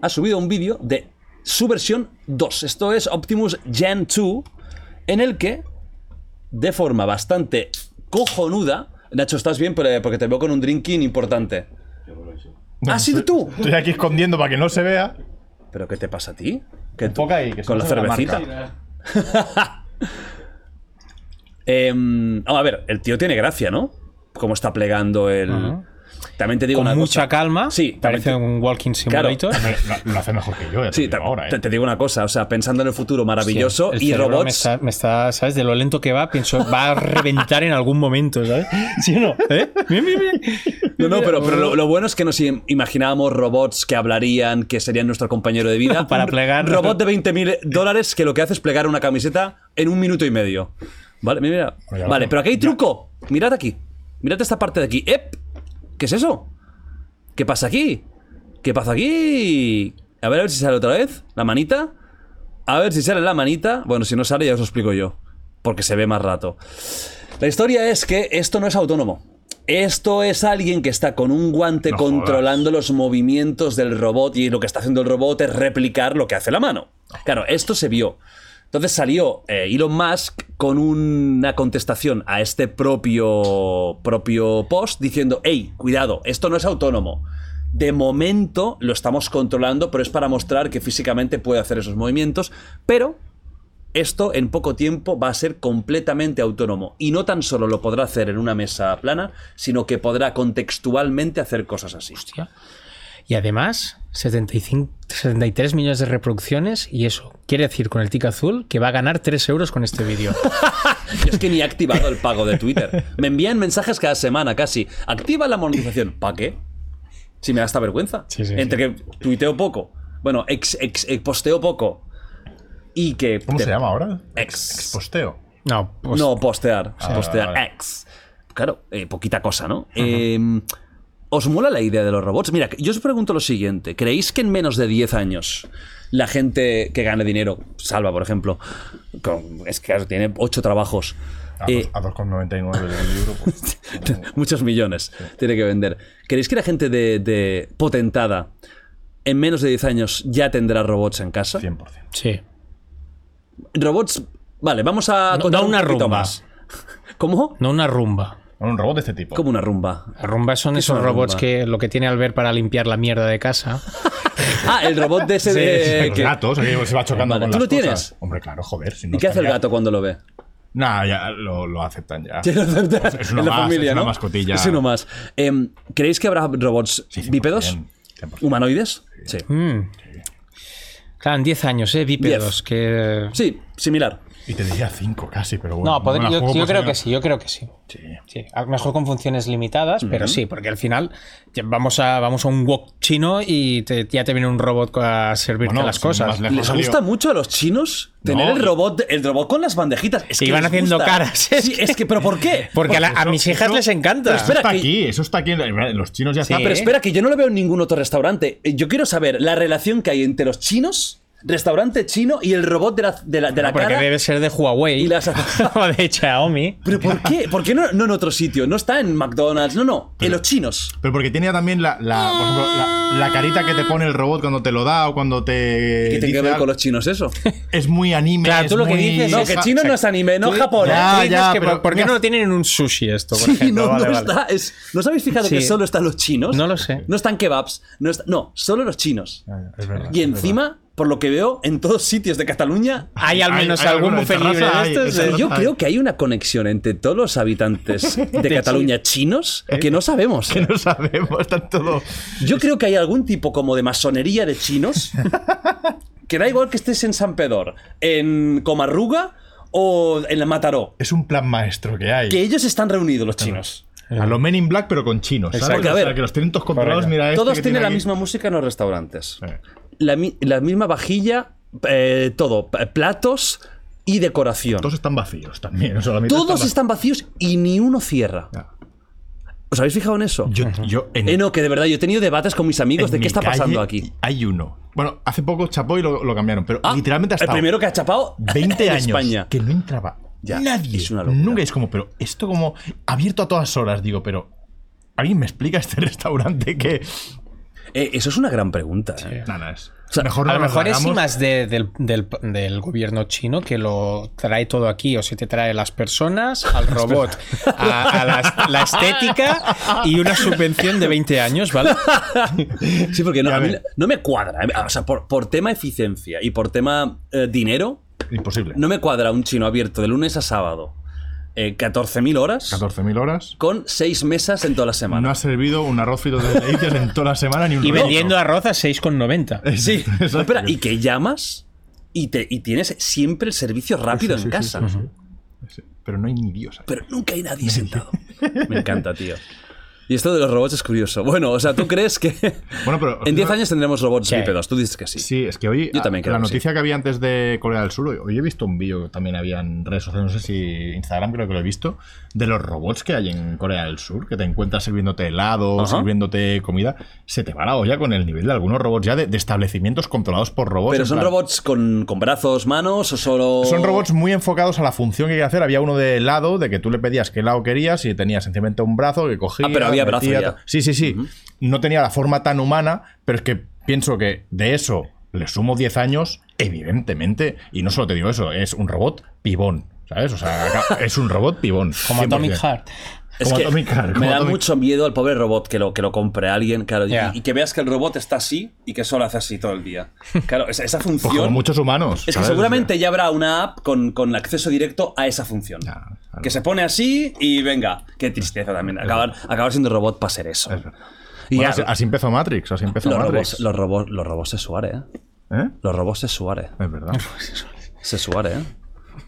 [SPEAKER 1] Ha subido un vídeo de su versión 2. Esto es Optimus Gen 2, en el que, de forma bastante cojonuda, Nacho, estás bien Pero- porque te veo con un drinking importante. ¿Has sido tú?
[SPEAKER 2] Estoy aquí escondiendo para que no se vea.
[SPEAKER 1] ¿Pero qué te pasa a ti? Que tú-
[SPEAKER 2] poca y que se
[SPEAKER 1] con la
[SPEAKER 2] nos haga la
[SPEAKER 1] cervecita. Em, a ver, el tío tiene gracia, ¿no? Cómo está plegando el. También te digo
[SPEAKER 3] con
[SPEAKER 1] una
[SPEAKER 3] mucha
[SPEAKER 1] cosa.
[SPEAKER 3] calma.
[SPEAKER 1] Sí,
[SPEAKER 3] parece
[SPEAKER 1] también te-
[SPEAKER 3] un walking
[SPEAKER 1] Claro.
[SPEAKER 3] simulator.
[SPEAKER 2] Lo, lo hace mejor que yo, ya te
[SPEAKER 1] Sí,
[SPEAKER 2] digo
[SPEAKER 1] ta-
[SPEAKER 2] ahora, ¿eh?
[SPEAKER 1] te, te digo una cosa, o sea, pensando en el futuro maravilloso
[SPEAKER 3] El
[SPEAKER 1] y
[SPEAKER 3] cerebro
[SPEAKER 1] robots.
[SPEAKER 3] Me está, me está, ¿sabes? De lo lento que va, pienso, va a reventar en algún momento, ¿sabes? ¿Sí o no? ¿Eh? Mira, mira, mira.
[SPEAKER 1] No, no, pero, pero lo, lo bueno es que nos im- imaginábamos robots que hablarían, que serían nuestro compañero de vida.
[SPEAKER 3] Para plegar.
[SPEAKER 1] Robot de 20.000 dólares que lo que hace es plegar una camiseta en un minuto y medio. Vale, mira.
[SPEAKER 2] Oye,
[SPEAKER 1] Vale,
[SPEAKER 2] ya.
[SPEAKER 1] pero aquí hay truco. Mirad aquí. Mirad esta parte de aquí. ¡Ep! ¿Qué es eso? ¿Qué pasa aquí? ¿Qué pasa aquí? A ver, a ver si sale otra vez. La manita. A ver si sale la manita. Bueno, si no sale ya os lo explico yo. Porque se ve más rato. La historia es que esto no es autónomo. Esto es alguien que está con un guante
[SPEAKER 2] No
[SPEAKER 1] controlando los movimientos del robot y lo que está haciendo el robot es replicar lo que hace la mano. Claro, esto se vio. Entonces salió eh, Elon Musk con una contestación a este propio, propio post diciendo, hey, cuidado, esto no es autónomo. De momento lo estamos controlando, pero es para mostrar que físicamente puede hacer esos movimientos, pero esto en poco tiempo va a ser completamente autónomo y no tan solo lo podrá hacer en una mesa plana, sino que podrá contextualmente hacer cosas así.
[SPEAKER 3] Hostia. Y además, 75, 73 millones de reproducciones y eso quiere decir con el tic azul que va a ganar 3 euros con este vídeo.
[SPEAKER 1] Yo es que ni he activado el pago de Twitter. Me envían mensajes cada semana casi. Activa la monetización. ¿Para qué? Si me da esta vergüenza.
[SPEAKER 3] Sí, sí,
[SPEAKER 1] Entre que tuiteo poco, bueno, ex, ex, ex- posteo poco y que...
[SPEAKER 2] ¿Cómo
[SPEAKER 1] te-
[SPEAKER 2] se llama ahora?
[SPEAKER 1] Ex.
[SPEAKER 2] Posteo.
[SPEAKER 3] No, pues
[SPEAKER 1] no, postear.
[SPEAKER 2] Ah,
[SPEAKER 1] postear.
[SPEAKER 2] vale, vale.
[SPEAKER 1] Ex. Claro, eh, poquita cosa, ¿no? Eh, ¿Os mola la idea de los robots? Mira, yo os pregunto lo siguiente. ¿Creéis que en menos de 10 años la gente que gane dinero, Salva, por ejemplo, con- es que claro, tiene 8 trabajos,
[SPEAKER 2] A
[SPEAKER 1] eh,
[SPEAKER 2] dos- a 2,99 el libro. pues,
[SPEAKER 1] muchos millones tiene que vender. ¿Creéis que la gente de, de potentada en menos de 10 años ya tendrá robots en casa?
[SPEAKER 2] 100%.
[SPEAKER 3] Sí.
[SPEAKER 1] Robots... Vale, vamos a...
[SPEAKER 3] No-
[SPEAKER 1] contar
[SPEAKER 3] no una
[SPEAKER 1] un poquito
[SPEAKER 3] rumba.
[SPEAKER 1] más. ¿Cómo?
[SPEAKER 3] No una rumba.
[SPEAKER 2] Bueno, un robot de este tipo.
[SPEAKER 1] Como una rumba.
[SPEAKER 3] Las rumbas son
[SPEAKER 1] ¿Qué es una
[SPEAKER 3] esos robots
[SPEAKER 1] rumba?
[SPEAKER 3] que lo que tiene Albert para limpiar la mierda de casa.
[SPEAKER 1] Ah, el robot de ese
[SPEAKER 3] Sí,
[SPEAKER 1] de...
[SPEAKER 3] sí,
[SPEAKER 2] Los
[SPEAKER 1] que-
[SPEAKER 2] gatos, que se va chocando
[SPEAKER 1] Vale,
[SPEAKER 2] con
[SPEAKER 1] ¿tú
[SPEAKER 2] las
[SPEAKER 1] lo tienes?
[SPEAKER 2] cosas. Hombre, claro, joder. Si no
[SPEAKER 1] ¿Y qué hace el
[SPEAKER 2] estaría-
[SPEAKER 1] gato cuando lo ve?
[SPEAKER 2] Nah, ya lo, lo aceptan ya.
[SPEAKER 1] Ya lo acepta
[SPEAKER 2] Es una
[SPEAKER 1] en la
[SPEAKER 2] más,
[SPEAKER 1] familia,
[SPEAKER 2] es una
[SPEAKER 1] ¿no?
[SPEAKER 2] mascotilla.
[SPEAKER 1] Es uno más. Em, ¿Creéis que habrá robots
[SPEAKER 2] Sí, 100%,
[SPEAKER 1] bípedos?
[SPEAKER 2] 100%.
[SPEAKER 1] ¿Humanoides? Sí.
[SPEAKER 3] Mm. Claro, en 10 años, ¿eh? Bípedos. Que...
[SPEAKER 1] Sí, similar.
[SPEAKER 2] Y te diría 5 casi, pero bueno.
[SPEAKER 3] No, podría-
[SPEAKER 2] me la
[SPEAKER 3] yo,
[SPEAKER 2] juego
[SPEAKER 3] yo
[SPEAKER 2] por
[SPEAKER 3] creo
[SPEAKER 2] si
[SPEAKER 3] que
[SPEAKER 2] no-
[SPEAKER 3] sí, yo creo que sí.
[SPEAKER 2] Sí.
[SPEAKER 3] Sí, a lo mejor con funciones limitadas, pero sí, porque al final ya vamos a, vamos a un wok chino y te- ya te viene un robot a servirte
[SPEAKER 2] Bueno,
[SPEAKER 3] las
[SPEAKER 2] sin
[SPEAKER 3] cosas.
[SPEAKER 2] más lejos.
[SPEAKER 1] ¿Les
[SPEAKER 2] salió.
[SPEAKER 1] gusta mucho a los chinos tener
[SPEAKER 2] No.
[SPEAKER 1] el robot el robot con las bandejitas? Es
[SPEAKER 3] Que iban
[SPEAKER 1] les
[SPEAKER 3] haciendo
[SPEAKER 1] gusta.
[SPEAKER 3] caras, es
[SPEAKER 1] Sí, es que, ¿pero por qué?
[SPEAKER 3] Porque a, la- a
[SPEAKER 2] eso-
[SPEAKER 3] mis hijas
[SPEAKER 2] eso-
[SPEAKER 3] les encanta.
[SPEAKER 1] Pero espera,
[SPEAKER 2] Eso está
[SPEAKER 1] que-
[SPEAKER 2] aquí, eso está aquí. en- Los chinos ya
[SPEAKER 3] Sí.
[SPEAKER 2] están.
[SPEAKER 1] Ah, Pero espera, que yo no lo veo en ningún otro restaurante. Eh, Yo quiero saber la relación que hay entre los chinos, restaurante chino y el robot de la, de la, de la
[SPEAKER 3] porque
[SPEAKER 1] cara.
[SPEAKER 3] debe ser de Huawei
[SPEAKER 1] y las-
[SPEAKER 3] o de Xiaomi.
[SPEAKER 1] ¿Pero por qué? ¿Por qué no, no en otro sitio? No está en McDonald's, no, no. En los chinos.
[SPEAKER 3] eh,
[SPEAKER 2] Pero porque tiene también la, la, por ejemplo, la, la carita que te pone el robot cuando te lo da o cuando te.
[SPEAKER 1] ¿Qué tiene
[SPEAKER 2] dice
[SPEAKER 1] que ver
[SPEAKER 2] algo.
[SPEAKER 1] con los chinos eso?
[SPEAKER 2] Es muy anime.
[SPEAKER 3] Claro,
[SPEAKER 2] es
[SPEAKER 3] tú lo que
[SPEAKER 2] muy-
[SPEAKER 3] dices
[SPEAKER 1] No,
[SPEAKER 3] es-
[SPEAKER 1] que chino no es anime, no japonés.
[SPEAKER 2] Ya,
[SPEAKER 3] Tú dices
[SPEAKER 2] ya,
[SPEAKER 3] que por-
[SPEAKER 2] pero
[SPEAKER 3] ¿Por qué
[SPEAKER 2] mira-
[SPEAKER 3] no lo tienen en un sushi esto? por
[SPEAKER 1] Sí,
[SPEAKER 3] ejemplo?
[SPEAKER 1] no,
[SPEAKER 3] Vale,
[SPEAKER 1] no
[SPEAKER 3] vale.
[SPEAKER 1] está. es- ¿No os habéis fijado que
[SPEAKER 3] Sí.
[SPEAKER 1] solo están los chinos?
[SPEAKER 3] No lo sé.
[SPEAKER 1] No están kebabs. No, está- no solo los chinos.
[SPEAKER 2] Es verdad,
[SPEAKER 1] Y
[SPEAKER 2] es
[SPEAKER 1] encima, por lo que veo, en todos sitios de Cataluña.
[SPEAKER 3] Hay al
[SPEAKER 2] Hay-
[SPEAKER 3] menos
[SPEAKER 2] hay
[SPEAKER 3] algún
[SPEAKER 2] alguno, en
[SPEAKER 3] buffet
[SPEAKER 2] terraza
[SPEAKER 3] libre de
[SPEAKER 2] hay,
[SPEAKER 3] estos.
[SPEAKER 2] eso
[SPEAKER 3] eh.
[SPEAKER 2] no
[SPEAKER 1] Yo
[SPEAKER 2] Ay.
[SPEAKER 1] creo que hay una conexión entre todos los habitantes de Cataluña chinos que no sabemos.
[SPEAKER 2] verdad. Eh, No sabemos, está todo.
[SPEAKER 1] Yo creo que hay algún tipo como de masonería de chinos que da igual que estés en San Pedor, en Comarruga o en la Mataró.
[SPEAKER 2] Es un plan maestro que hay.
[SPEAKER 1] Que ellos están reunidos, los chinos.
[SPEAKER 2] A los Men in Black, pero con chinos. ¿sabes?
[SPEAKER 1] Exacto.
[SPEAKER 2] O
[SPEAKER 1] A
[SPEAKER 2] sea,
[SPEAKER 1] ver.
[SPEAKER 2] que los tienen todos controlados.
[SPEAKER 3] Correcto.
[SPEAKER 2] Mira, este
[SPEAKER 1] Todos
[SPEAKER 2] que
[SPEAKER 1] tienen
[SPEAKER 2] tiene
[SPEAKER 1] la
[SPEAKER 2] aquí.
[SPEAKER 1] misma música en los restaurantes.
[SPEAKER 2] Eh.
[SPEAKER 1] La, mi- la misma vajilla, eh, todo, p- platos y decoración.
[SPEAKER 2] Todos están vacíos también. o sea, la mitad
[SPEAKER 1] Todos
[SPEAKER 2] está
[SPEAKER 1] están vacíos y ni uno cierra.
[SPEAKER 2] Ya.
[SPEAKER 1] ¿Os habéis fijado en eso?
[SPEAKER 2] Yo, yo en,
[SPEAKER 1] Eh, no, que de verdad, yo he tenido debates con mis amigos
[SPEAKER 2] en
[SPEAKER 1] de
[SPEAKER 2] mi
[SPEAKER 1] qué está
[SPEAKER 2] calle
[SPEAKER 1] pasando aquí.
[SPEAKER 2] Hay uno. Bueno, hace poco Chapoy lo, lo cambiaron, pero
[SPEAKER 1] Ah,
[SPEAKER 2] literalmente hasta
[SPEAKER 1] El primero que ha chapado
[SPEAKER 2] 20
[SPEAKER 1] en
[SPEAKER 2] años
[SPEAKER 1] España.
[SPEAKER 2] que no entraba
[SPEAKER 1] Ya,
[SPEAKER 2] nadie.
[SPEAKER 1] es una locura.
[SPEAKER 2] Nunca es como, pero esto como abierto a todas horas, digo, pero ¿alguien me explica este restaurante que
[SPEAKER 1] Eh, eso es una gran pregunta. eh.
[SPEAKER 2] Nada, es-
[SPEAKER 1] sea,
[SPEAKER 2] mejor no
[SPEAKER 3] A lo
[SPEAKER 2] nos
[SPEAKER 3] mejor es
[SPEAKER 2] largamos.
[SPEAKER 3] I más de- del, del- del gobierno chino que lo trae todo aquí, o se te trae las personas, al robot, a, a la, la estética y una subvención de 20 años, ¿vale?
[SPEAKER 1] Sí, porque no,
[SPEAKER 2] Ya
[SPEAKER 1] a mí
[SPEAKER 2] ves.
[SPEAKER 1] no me cuadra. ¿eh? O sea, por, por tema eficiencia y por tema eh, dinero,
[SPEAKER 2] imposible.
[SPEAKER 1] no me cuadra un chino abierto de lunes a sábado, eh, 14.000 horas,
[SPEAKER 2] 14.000 horas.
[SPEAKER 1] con seis mesas en toda la semana.
[SPEAKER 2] No ha servido un arroz frito de delicias en toda la semana ni un
[SPEAKER 3] Y
[SPEAKER 2] rollito.
[SPEAKER 3] vendiendo arroz a
[SPEAKER 2] Eh,
[SPEAKER 3] 6,90.
[SPEAKER 1] Sí,
[SPEAKER 2] Exacto.
[SPEAKER 1] espera, y que llamas y, te, y tienes siempre el servicio rápido
[SPEAKER 2] Sí,
[SPEAKER 1] en
[SPEAKER 2] sí,
[SPEAKER 1] casa.
[SPEAKER 2] sí, sí, sí. Pero no hay ni Dios ahí.
[SPEAKER 1] Pero nunca hay nadie sentado. Me encanta, tío. Y esto de los robots es curioso. Bueno, o sea, ¿tú crees que
[SPEAKER 2] Bueno, pero-
[SPEAKER 1] en 10 años tendremos robots
[SPEAKER 3] Sí.
[SPEAKER 1] bípedos? Tú dices que sí.
[SPEAKER 2] Sí, es que hoy
[SPEAKER 1] Yo también
[SPEAKER 2] a-
[SPEAKER 1] creo
[SPEAKER 2] la
[SPEAKER 1] que
[SPEAKER 2] noticia que había antes de Corea del Sur, hoy, hoy he visto un vídeo que también había en redes sociales, no sé si Instagram creo que lo he visto, de los robots que hay en Corea del Sur, que te encuentras sirviéndote helado,
[SPEAKER 1] Ajá.
[SPEAKER 2] sirviéndote comida, se te va la olla con el nivel de algunos robots ya de, de establecimientos controlados por robots.
[SPEAKER 1] Pero
[SPEAKER 2] en
[SPEAKER 1] son
[SPEAKER 2] plan-
[SPEAKER 1] robots con, con brazos, manos o solo.
[SPEAKER 2] Son robots muy enfocados a la función que hay que hacer. Había uno de helado, de que tú le pedías qué helado querías y tenía sencillamente un brazo que cogía.
[SPEAKER 1] Ah, pero había brazo ya.
[SPEAKER 2] Sí, sí, sí. No tenía la forma tan humana, pero es que pienso que de eso le sumo 10 años, evidentemente. Y no solo te digo eso, es un robot pibón. ¿Sabes? O sea, acá- es un robot pibón.
[SPEAKER 3] Como
[SPEAKER 2] 100%.
[SPEAKER 3] Atomic Heart.
[SPEAKER 1] Es
[SPEAKER 2] como
[SPEAKER 1] que
[SPEAKER 2] Atomic Heart,
[SPEAKER 1] me
[SPEAKER 2] como
[SPEAKER 1] da
[SPEAKER 2] Atomic-
[SPEAKER 1] mucho miedo al pobre robot que lo, que lo compre alguien, claro. y-
[SPEAKER 3] Ya.
[SPEAKER 1] Y, que veas que el robot está así y que solo hace así todo el día. Claro, esa, esa
[SPEAKER 2] Pues como
[SPEAKER 1] función.
[SPEAKER 2] muchos humanos.
[SPEAKER 1] Es que
[SPEAKER 2] ¿sabes?
[SPEAKER 1] seguramente ya habrá una app con, con acceso directo a esa función.
[SPEAKER 2] Ya, claro.
[SPEAKER 1] Que se pone así y venga. Qué tristeza también. Acabar, acabar siendo robot para ser eso.
[SPEAKER 2] Es verdad.
[SPEAKER 1] Y
[SPEAKER 2] Bueno,
[SPEAKER 1] ya,
[SPEAKER 2] así, así empezó Matrix, así empezó
[SPEAKER 1] los,
[SPEAKER 2] Matrix.
[SPEAKER 1] robots, los, robots, los robots se suare, ¿eh?
[SPEAKER 2] ¿Eh?
[SPEAKER 1] Los robots se suare.
[SPEAKER 2] Es verdad.
[SPEAKER 1] Se suare, ¿eh?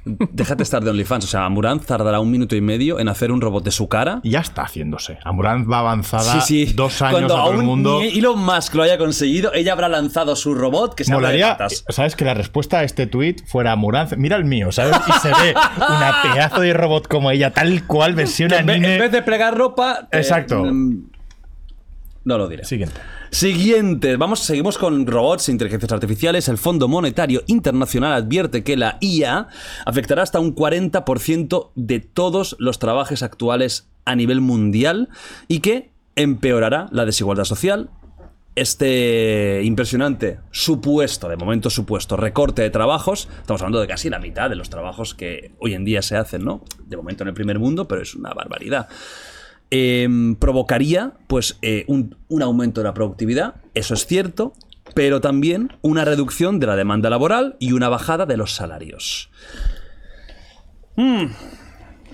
[SPEAKER 1] Déjate estar de OnlyFans. O sea, Murán tardará un minuto y medio en hacer un robot de su cara.
[SPEAKER 2] Y ya está haciéndose. Amurant va avanzada dos años
[SPEAKER 1] Cuando
[SPEAKER 2] a todo el
[SPEAKER 1] aún
[SPEAKER 2] mundo.
[SPEAKER 1] ni Elon Musk lo haya conseguido, ella habrá lanzado su robot que se habla de
[SPEAKER 2] Molaría, eh,
[SPEAKER 1] patas.
[SPEAKER 2] ¿sabes? Que la respuesta a este tweet fuera Muranz. Mira el mío, ¿sabes? Y se ve una pedazo de robot como ella, tal cual, versión
[SPEAKER 1] En, vez- en
[SPEAKER 2] anime.
[SPEAKER 1] vez de plegar ropa. eh,
[SPEAKER 2] Exacto.
[SPEAKER 1] mm, No lo diré.
[SPEAKER 2] Siguiente.
[SPEAKER 1] Siguiente, vamos, seguimos con robots e inteligencias artificiales. El Fondo Monetario Internacional advierte que la IA afectará hasta un 40% de todos los trabajos actuales a nivel mundial y que empeorará la desigualdad social. Este impresionante supuesto, de momento supuesto, recorte de trabajos, estamos hablando de casi la mitad de los trabajos que hoy en día se hacen, ¿no? De momento en el primer mundo, pero es una barbaridad em, provocaría pues eh, un, un aumento de la productividad, eso es cierto, pero también una reducción de la demanda laboral y una bajada de los salarios. Mm.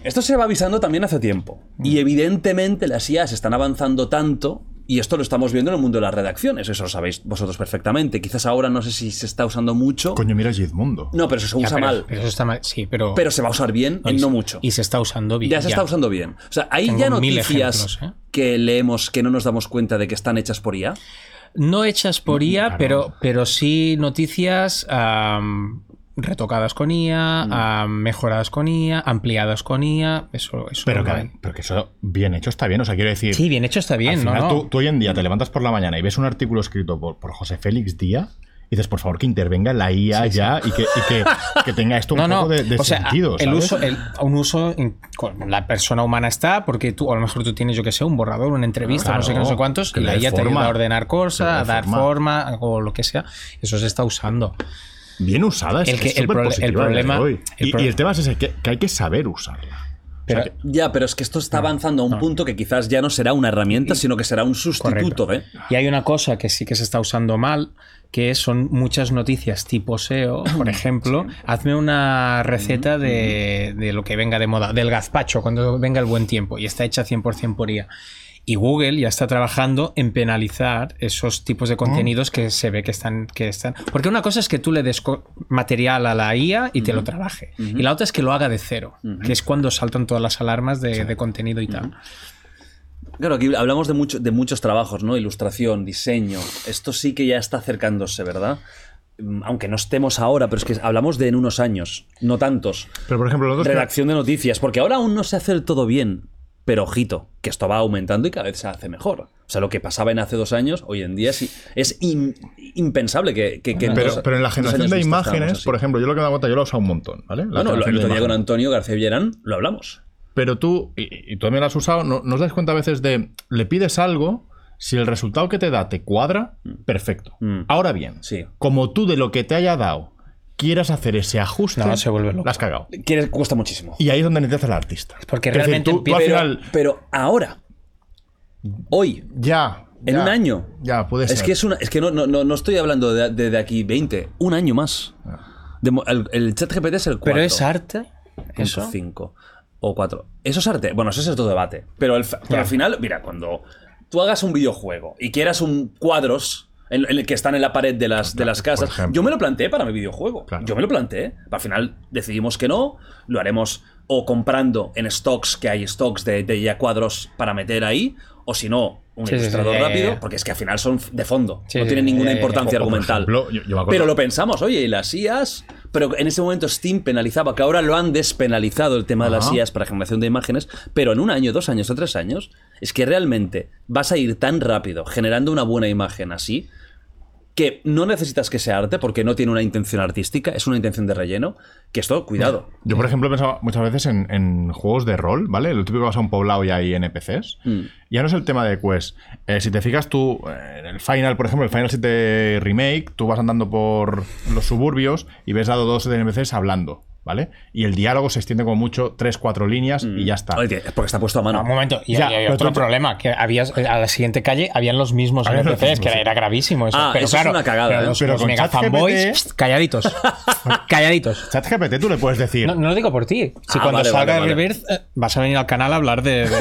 [SPEAKER 1] Esto se va avisando también hace tiempo. Hmm. Y evidentemente las IAs están avanzando tanto, y esto lo estamos viendo en el mundo de las redacciones, eso lo sabéis vosotros perfectamente. Quizás ahora no sé si se está usando mucho.
[SPEAKER 2] Coño, mira Gizmundo.
[SPEAKER 1] No, pero eso se usa
[SPEAKER 3] pero-
[SPEAKER 1] mal.
[SPEAKER 3] pero eso está mal, sí, pero.
[SPEAKER 1] Pero se va a usar bien en
[SPEAKER 3] y
[SPEAKER 1] no
[SPEAKER 3] se-
[SPEAKER 1] mucho.
[SPEAKER 3] Y se está usando bien.
[SPEAKER 1] Ya se está usando bien. O sea, hay
[SPEAKER 3] Tengo
[SPEAKER 1] ya
[SPEAKER 3] mil
[SPEAKER 1] noticias
[SPEAKER 3] ejemplos, ¿eh?
[SPEAKER 1] que leemos que no nos damos cuenta de que están hechas por IA.
[SPEAKER 3] No hechas
[SPEAKER 2] Mm,
[SPEAKER 3] por IA, pero, pero sí noticias am, retocadas con IA,
[SPEAKER 1] Mm.
[SPEAKER 3] am, mejoradas con IA, ampliadas con IA. Eso, eso
[SPEAKER 2] Pero
[SPEAKER 3] lo
[SPEAKER 2] que,
[SPEAKER 3] hay.
[SPEAKER 2] pero que eso bien hecho está bien. O sea, quiero decir.
[SPEAKER 3] Sí, bien hecho está bien,
[SPEAKER 2] al
[SPEAKER 3] ¿no?
[SPEAKER 2] final
[SPEAKER 3] no.
[SPEAKER 2] Tú, tú hoy en día te levantas por la mañana y ves un artículo escrito por, por José Félix Díaz y dices, por favor, que intervenga la IA ya y que, y que- que tenga esto un
[SPEAKER 3] No, no.
[SPEAKER 2] poco de, de
[SPEAKER 3] o sea,
[SPEAKER 2] sentido.
[SPEAKER 3] el
[SPEAKER 2] ¿sabes?
[SPEAKER 3] uso, el- un uso en- con la persona humana está, porque tú, a lo mejor tú tienes, yo que sé, un borrador, una entrevista,
[SPEAKER 2] Claro,
[SPEAKER 3] no sé qué, no sé cuántos,
[SPEAKER 2] que
[SPEAKER 3] y
[SPEAKER 2] le
[SPEAKER 3] la
[SPEAKER 2] dé
[SPEAKER 3] IA te
[SPEAKER 2] forma.
[SPEAKER 3] ayuda a ordenar
[SPEAKER 2] Que le dé
[SPEAKER 3] cosas, a dar
[SPEAKER 2] forma.
[SPEAKER 3] forma o lo que sea. Eso se está usando.
[SPEAKER 2] Bien usada, es
[SPEAKER 3] el que-
[SPEAKER 2] es
[SPEAKER 3] el
[SPEAKER 2] súper
[SPEAKER 3] prole- el
[SPEAKER 2] positiva, desde
[SPEAKER 3] problema-
[SPEAKER 2] hoy.
[SPEAKER 3] el
[SPEAKER 2] y,
[SPEAKER 3] pro-
[SPEAKER 2] y el tema es ese, que, que hay que saber usarla.
[SPEAKER 3] Pero,
[SPEAKER 1] Ya, pero es que esto está avanzando a un punto que quizás ya no será una herramienta, sino que será un sustituto ¿eh?
[SPEAKER 3] Correcto.
[SPEAKER 1] de.
[SPEAKER 3] Y hay una cosa que sí que se está usando mal, que son muchas noticias tipo SEO, por ejemplo, hazme una receta de, de lo que venga de moda, del gazpacho, cuando venga el buen tiempo, y está hecha 100% por IA. Y Google ya está trabajando en penalizar esos tipos de contenidos que se ve que están, que están. Porque una cosa es que tú le des co- material a la IA y te lo trabaje. Y la otra es que lo haga de cero, que es cuando saltan todas las alarmas de, de contenido y tal.
[SPEAKER 1] Claro, aquí hablamos de, mucho, de muchos trabajos, ¿no? Ilustración, diseño. Esto sí que ya está acercándose, ¿verdad? Mm, Aunque no estemos ahora, pero es que hablamos de en unos años, no tantos.
[SPEAKER 2] Pero, por ejemplo, nosotros que-
[SPEAKER 1] Redacción de noticias, porque ahora aún no se hace del todo bien. Pero ojito, que esto va aumentando y cada vez se hace mejor. O sea, lo que pasaba en hace dos años, hoy en día sí, es in- impensable que, que- que en
[SPEAKER 2] Pero,
[SPEAKER 1] dos-
[SPEAKER 2] pero en la
[SPEAKER 1] dos
[SPEAKER 2] generación
[SPEAKER 1] años
[SPEAKER 2] de
[SPEAKER 1] vista estábamos
[SPEAKER 2] imágenes,
[SPEAKER 1] así.
[SPEAKER 2] por ejemplo, yo lo que me da cuenta, yo lo he usado un montón, ¿vale? La
[SPEAKER 1] Bueno, lo-
[SPEAKER 2] generación
[SPEAKER 1] el
[SPEAKER 2] de
[SPEAKER 1] otro día con
[SPEAKER 2] imágenes.
[SPEAKER 1] Antonio García Villarán lo hablamos.
[SPEAKER 2] Pero tú, y, y tú también lo has usado, no, no os das cuenta a veces de, le pides algo, si el resultado que te da te cuadra, perfecto.
[SPEAKER 1] Mm.
[SPEAKER 2] Ahora bien,
[SPEAKER 1] Sí.
[SPEAKER 2] como tú de lo que te haya dado quieras hacer ese ajuste,
[SPEAKER 3] No, se vuelve loco.
[SPEAKER 2] la has cagado.
[SPEAKER 1] Que cuesta muchísimo.
[SPEAKER 2] Y ahí es donde necesitas al artista.
[SPEAKER 3] Porque
[SPEAKER 2] Es decir,
[SPEAKER 3] realmente
[SPEAKER 2] tú- tú, al
[SPEAKER 1] pero,
[SPEAKER 2] final,
[SPEAKER 1] pero ahora, hoy,
[SPEAKER 2] ya,
[SPEAKER 1] en
[SPEAKER 2] ya,
[SPEAKER 1] un año.
[SPEAKER 2] Ya, puede
[SPEAKER 1] Es
[SPEAKER 2] ser.
[SPEAKER 1] que, es una, es que no, no, no, no estoy hablando de, de- de aquí 20, un año más. De mo- el, el chat GPT es el 4.
[SPEAKER 3] Pero es arte. Eso.
[SPEAKER 1] 5 o 4. Eso es arte. Bueno, eso es otro debate. Pero, el fa- pero al final, mira, cuando tú hagas un videojuego y quieras un cuadros en, en el que están en la pared de las, de las casas,
[SPEAKER 2] ejemplo.
[SPEAKER 1] yo me lo planteé para mi videojuego.
[SPEAKER 2] Claro.
[SPEAKER 1] Yo me lo planteé. Al final decidimos que no, lo haremos o comprando en stocks, que hay stocks de, de ya cuadros para meter ahí, o si no, un
[SPEAKER 3] Sí, sí, sí,
[SPEAKER 1] ilustrador
[SPEAKER 3] ya, ya,
[SPEAKER 1] rápido,
[SPEAKER 3] ya.
[SPEAKER 1] porque es que al final son de fondo,
[SPEAKER 3] Sí,
[SPEAKER 1] no
[SPEAKER 3] sí,
[SPEAKER 1] tienen
[SPEAKER 3] ya,
[SPEAKER 1] ninguna
[SPEAKER 3] ya, ya.
[SPEAKER 1] importancia
[SPEAKER 2] O, por
[SPEAKER 1] argumental.
[SPEAKER 2] ejemplo, yo- yo me acuerdo-
[SPEAKER 1] Pero lo pensamos, oye, y las IAS, pero en ese momento Steam penalizaba, que ahora lo han despenalizado el tema de las
[SPEAKER 2] Ajá.
[SPEAKER 1] IAS para generación de imágenes, pero en un año, dos años o tres años, es que realmente vas a ir tan rápido generando una buena imagen así que no necesitas que sea arte porque no tiene una intención artística, es una intención de relleno, que esto, cuidado.
[SPEAKER 2] Yo, por ejemplo, he pensado muchas veces en, en juegos de rol, ¿vale? Lo típico que vas a un poblado y hay NPCs.
[SPEAKER 1] Mm.
[SPEAKER 2] Ya no es el tema de Quest. Eh, si te fijas tú, eh, en el Final, por ejemplo, el Final 7 Remake, tú vas andando por los suburbios y ves a dos NPCs hablando, ¿vale? Y el diálogo se extiende como mucho tres, cuatro líneas
[SPEAKER 3] Mm.
[SPEAKER 2] y ya está.
[SPEAKER 1] Oye, es porque está puesto a mano.
[SPEAKER 3] No, un momento, y
[SPEAKER 2] Ya,
[SPEAKER 3] había
[SPEAKER 2] pero
[SPEAKER 3] otro
[SPEAKER 2] tú-
[SPEAKER 3] problema, que habías, eh, a la siguiente calle habían los mismos
[SPEAKER 2] Habían los
[SPEAKER 3] NPCs, que
[SPEAKER 2] mismos,
[SPEAKER 3] era,
[SPEAKER 2] sí.
[SPEAKER 3] era gravísimo eso.
[SPEAKER 1] Ah,
[SPEAKER 3] pero
[SPEAKER 1] eso es
[SPEAKER 3] claro,
[SPEAKER 1] una cagada,
[SPEAKER 3] pero
[SPEAKER 1] ¿eh?
[SPEAKER 3] los,
[SPEAKER 2] Pero
[SPEAKER 3] los
[SPEAKER 2] con ChatGPT-
[SPEAKER 3] mega fanboys, pst, calladitos, calladitos.
[SPEAKER 2] ChatGPT, tú le puedes decir.
[SPEAKER 3] No, no lo digo por ti. Si
[SPEAKER 1] Ah,
[SPEAKER 3] cuando
[SPEAKER 1] vale,
[SPEAKER 3] salga
[SPEAKER 1] vale, vale.
[SPEAKER 3] Reverse eh, vas a venir al canal a hablar de... de-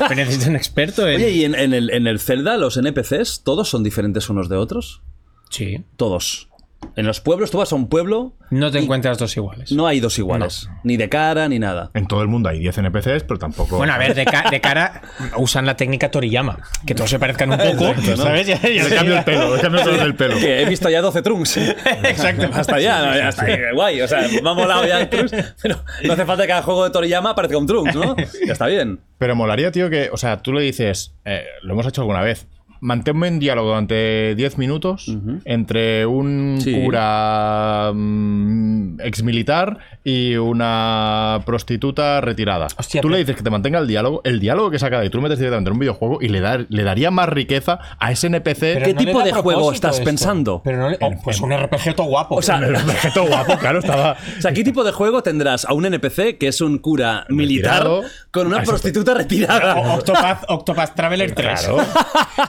[SPEAKER 3] pero necesito un experto en...
[SPEAKER 1] Oye, ¿y en, en el, en el Zelda los NPCs todos son diferentes unos de otros?
[SPEAKER 3] sí.
[SPEAKER 1] Todos. En los pueblos, tú vas a un pueblo,
[SPEAKER 3] No te encuentras dos iguales.
[SPEAKER 1] no hay dos iguales, ni de cara ni nada.
[SPEAKER 2] En todo el mundo hay 10 NPCs, pero tampoco.
[SPEAKER 3] Bueno, a ver, de, ca- de cara usan la técnica Toriyama, que todos se parezcan un poco, ¿sabes? Ya- ya
[SPEAKER 2] Le
[SPEAKER 3] sería-
[SPEAKER 2] cambio el pelo, le cambio el color del pelo.
[SPEAKER 1] Que he visto ya 12 trunks. Exacto. Hasta ya, ya está ahí, guay. O sea, me ha molado ya el trunks. Pero no hace falta que cada juego de Toriyama aparezca un trunks, ¿no? Ya está bien.
[SPEAKER 2] Pero molaría, tío, que, o sea, tú le dices, eh, lo hemos hecho alguna vez, manténme en diálogo durante 10 minutos entre un
[SPEAKER 1] Sí.
[SPEAKER 2] cura mm, exmilitar y una prostituta retirada.
[SPEAKER 3] Hostia,
[SPEAKER 2] tú le
[SPEAKER 3] pero-
[SPEAKER 2] dices que te mantenga el diálogo, el diálogo que saca de ahí, tú lo metes directamente en un videojuego y le, da- le daría más riqueza a ese NPC
[SPEAKER 3] Pero
[SPEAKER 1] ¿Qué
[SPEAKER 3] no le
[SPEAKER 1] tipo
[SPEAKER 3] da
[SPEAKER 1] de juego
[SPEAKER 3] propósito
[SPEAKER 1] estás
[SPEAKER 3] esto.
[SPEAKER 1] pensando?
[SPEAKER 3] Pero no le- oh, pues un RPG todo guapo.
[SPEAKER 1] O sea,
[SPEAKER 2] El objeto guapo, claro, estaba.
[SPEAKER 1] O sea, ¿qué tipo de juego tendrás a un NPC que es un cura militar
[SPEAKER 2] Retirado.
[SPEAKER 1] con una
[SPEAKER 2] Ah, eso-
[SPEAKER 1] prostituta
[SPEAKER 3] O-
[SPEAKER 1] retirada?
[SPEAKER 3] Octopath, Octopath Traveler 3.
[SPEAKER 2] Claro.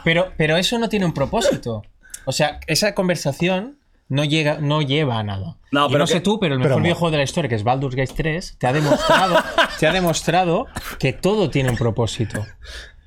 [SPEAKER 3] Pero, pero eso no tiene un propósito. O sea, esa conversación no, llega, no lleva a nada.
[SPEAKER 1] No,
[SPEAKER 3] Y
[SPEAKER 1] pero
[SPEAKER 3] no sé
[SPEAKER 1] que-
[SPEAKER 3] tú, pero el mejor
[SPEAKER 2] mo-
[SPEAKER 3] videojuego de la historia, que es Baldur's Gate 3, te ha demostrado, te ha demostrado que todo tiene un propósito.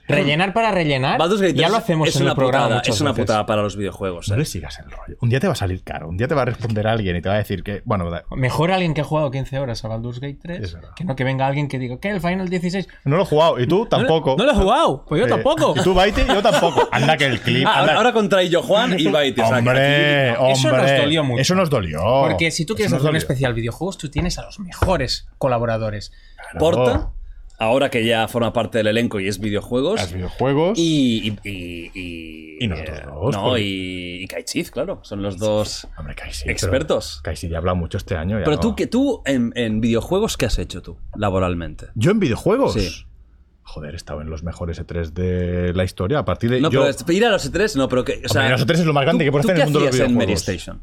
[SPEAKER 3] Rellenar para rellenar.
[SPEAKER 1] Baldur's Gate
[SPEAKER 3] ya lo
[SPEAKER 1] 3
[SPEAKER 3] hacemos
[SPEAKER 1] es
[SPEAKER 3] en
[SPEAKER 1] una
[SPEAKER 3] el programa.
[SPEAKER 1] putada,
[SPEAKER 3] muchas
[SPEAKER 1] es una
[SPEAKER 3] veces.
[SPEAKER 1] putada para los videojuegos.
[SPEAKER 2] No
[SPEAKER 1] ¿eh?
[SPEAKER 2] le sigas el rollo. Un día te va a salir caro, un día te va a responder alguien y te va a decir que. Bueno, da-
[SPEAKER 3] Mejor alguien que ha jugado 15 horas a Baldur's Gate 3
[SPEAKER 2] Es verdad.
[SPEAKER 3] que no que venga alguien que diga, ¿qué? El Final 16.
[SPEAKER 2] no lo he jugado. Y tú tampoco.
[SPEAKER 3] No lo he jugado. Pues yo
[SPEAKER 2] Eh,
[SPEAKER 3] tampoco.
[SPEAKER 2] Y tú, Baiti, yo tampoco. Anda que el clip.
[SPEAKER 1] Ah,
[SPEAKER 2] anda-
[SPEAKER 1] ahora, ahora contra Illo Juan y Baiti. o sea, que
[SPEAKER 2] hombre, hombre.
[SPEAKER 3] nos dolió mucho.
[SPEAKER 2] Eso nos dolió.
[SPEAKER 3] Porque si tú quieres
[SPEAKER 2] Eso nos
[SPEAKER 3] hacer un
[SPEAKER 2] dolió.
[SPEAKER 3] especial videojuegos, tú tienes a los mejores colaboradores.
[SPEAKER 1] aquí Porta, ahora que ya forma parte del elenco y es
[SPEAKER 2] Los
[SPEAKER 1] videojuegos.
[SPEAKER 2] videojuegos.
[SPEAKER 1] Y. Y, y, y,
[SPEAKER 2] Y nosotros
[SPEAKER 1] eh,
[SPEAKER 2] dos, pues.
[SPEAKER 1] No,
[SPEAKER 2] porque-
[SPEAKER 1] y, y Kai Chief, claro. Son los dos.
[SPEAKER 2] Hombre, Kaisi. pero-
[SPEAKER 1] Expertos.
[SPEAKER 2] Kaisi ya ha hablado mucho este año. ya
[SPEAKER 1] Pero
[SPEAKER 2] no.
[SPEAKER 1] tú, que tú en, en videojuegos, ¿qué has hecho tú laboralmente?
[SPEAKER 2] ¿Yo en videojuegos?
[SPEAKER 1] Sí.
[SPEAKER 2] Joder, he estado en los mejores E3 de la historia. A partir de.
[SPEAKER 1] No,
[SPEAKER 2] Eh, yo,
[SPEAKER 1] pero es- ir a los E3, no, pero que. O sea,
[SPEAKER 2] Hombre, los E3 es lo más grande que puedes
[SPEAKER 1] ¿tú
[SPEAKER 2] hacer en el
[SPEAKER 1] qué
[SPEAKER 2] mundo de los
[SPEAKER 1] hacías en Mary
[SPEAKER 2] videojuegos.
[SPEAKER 1] Station?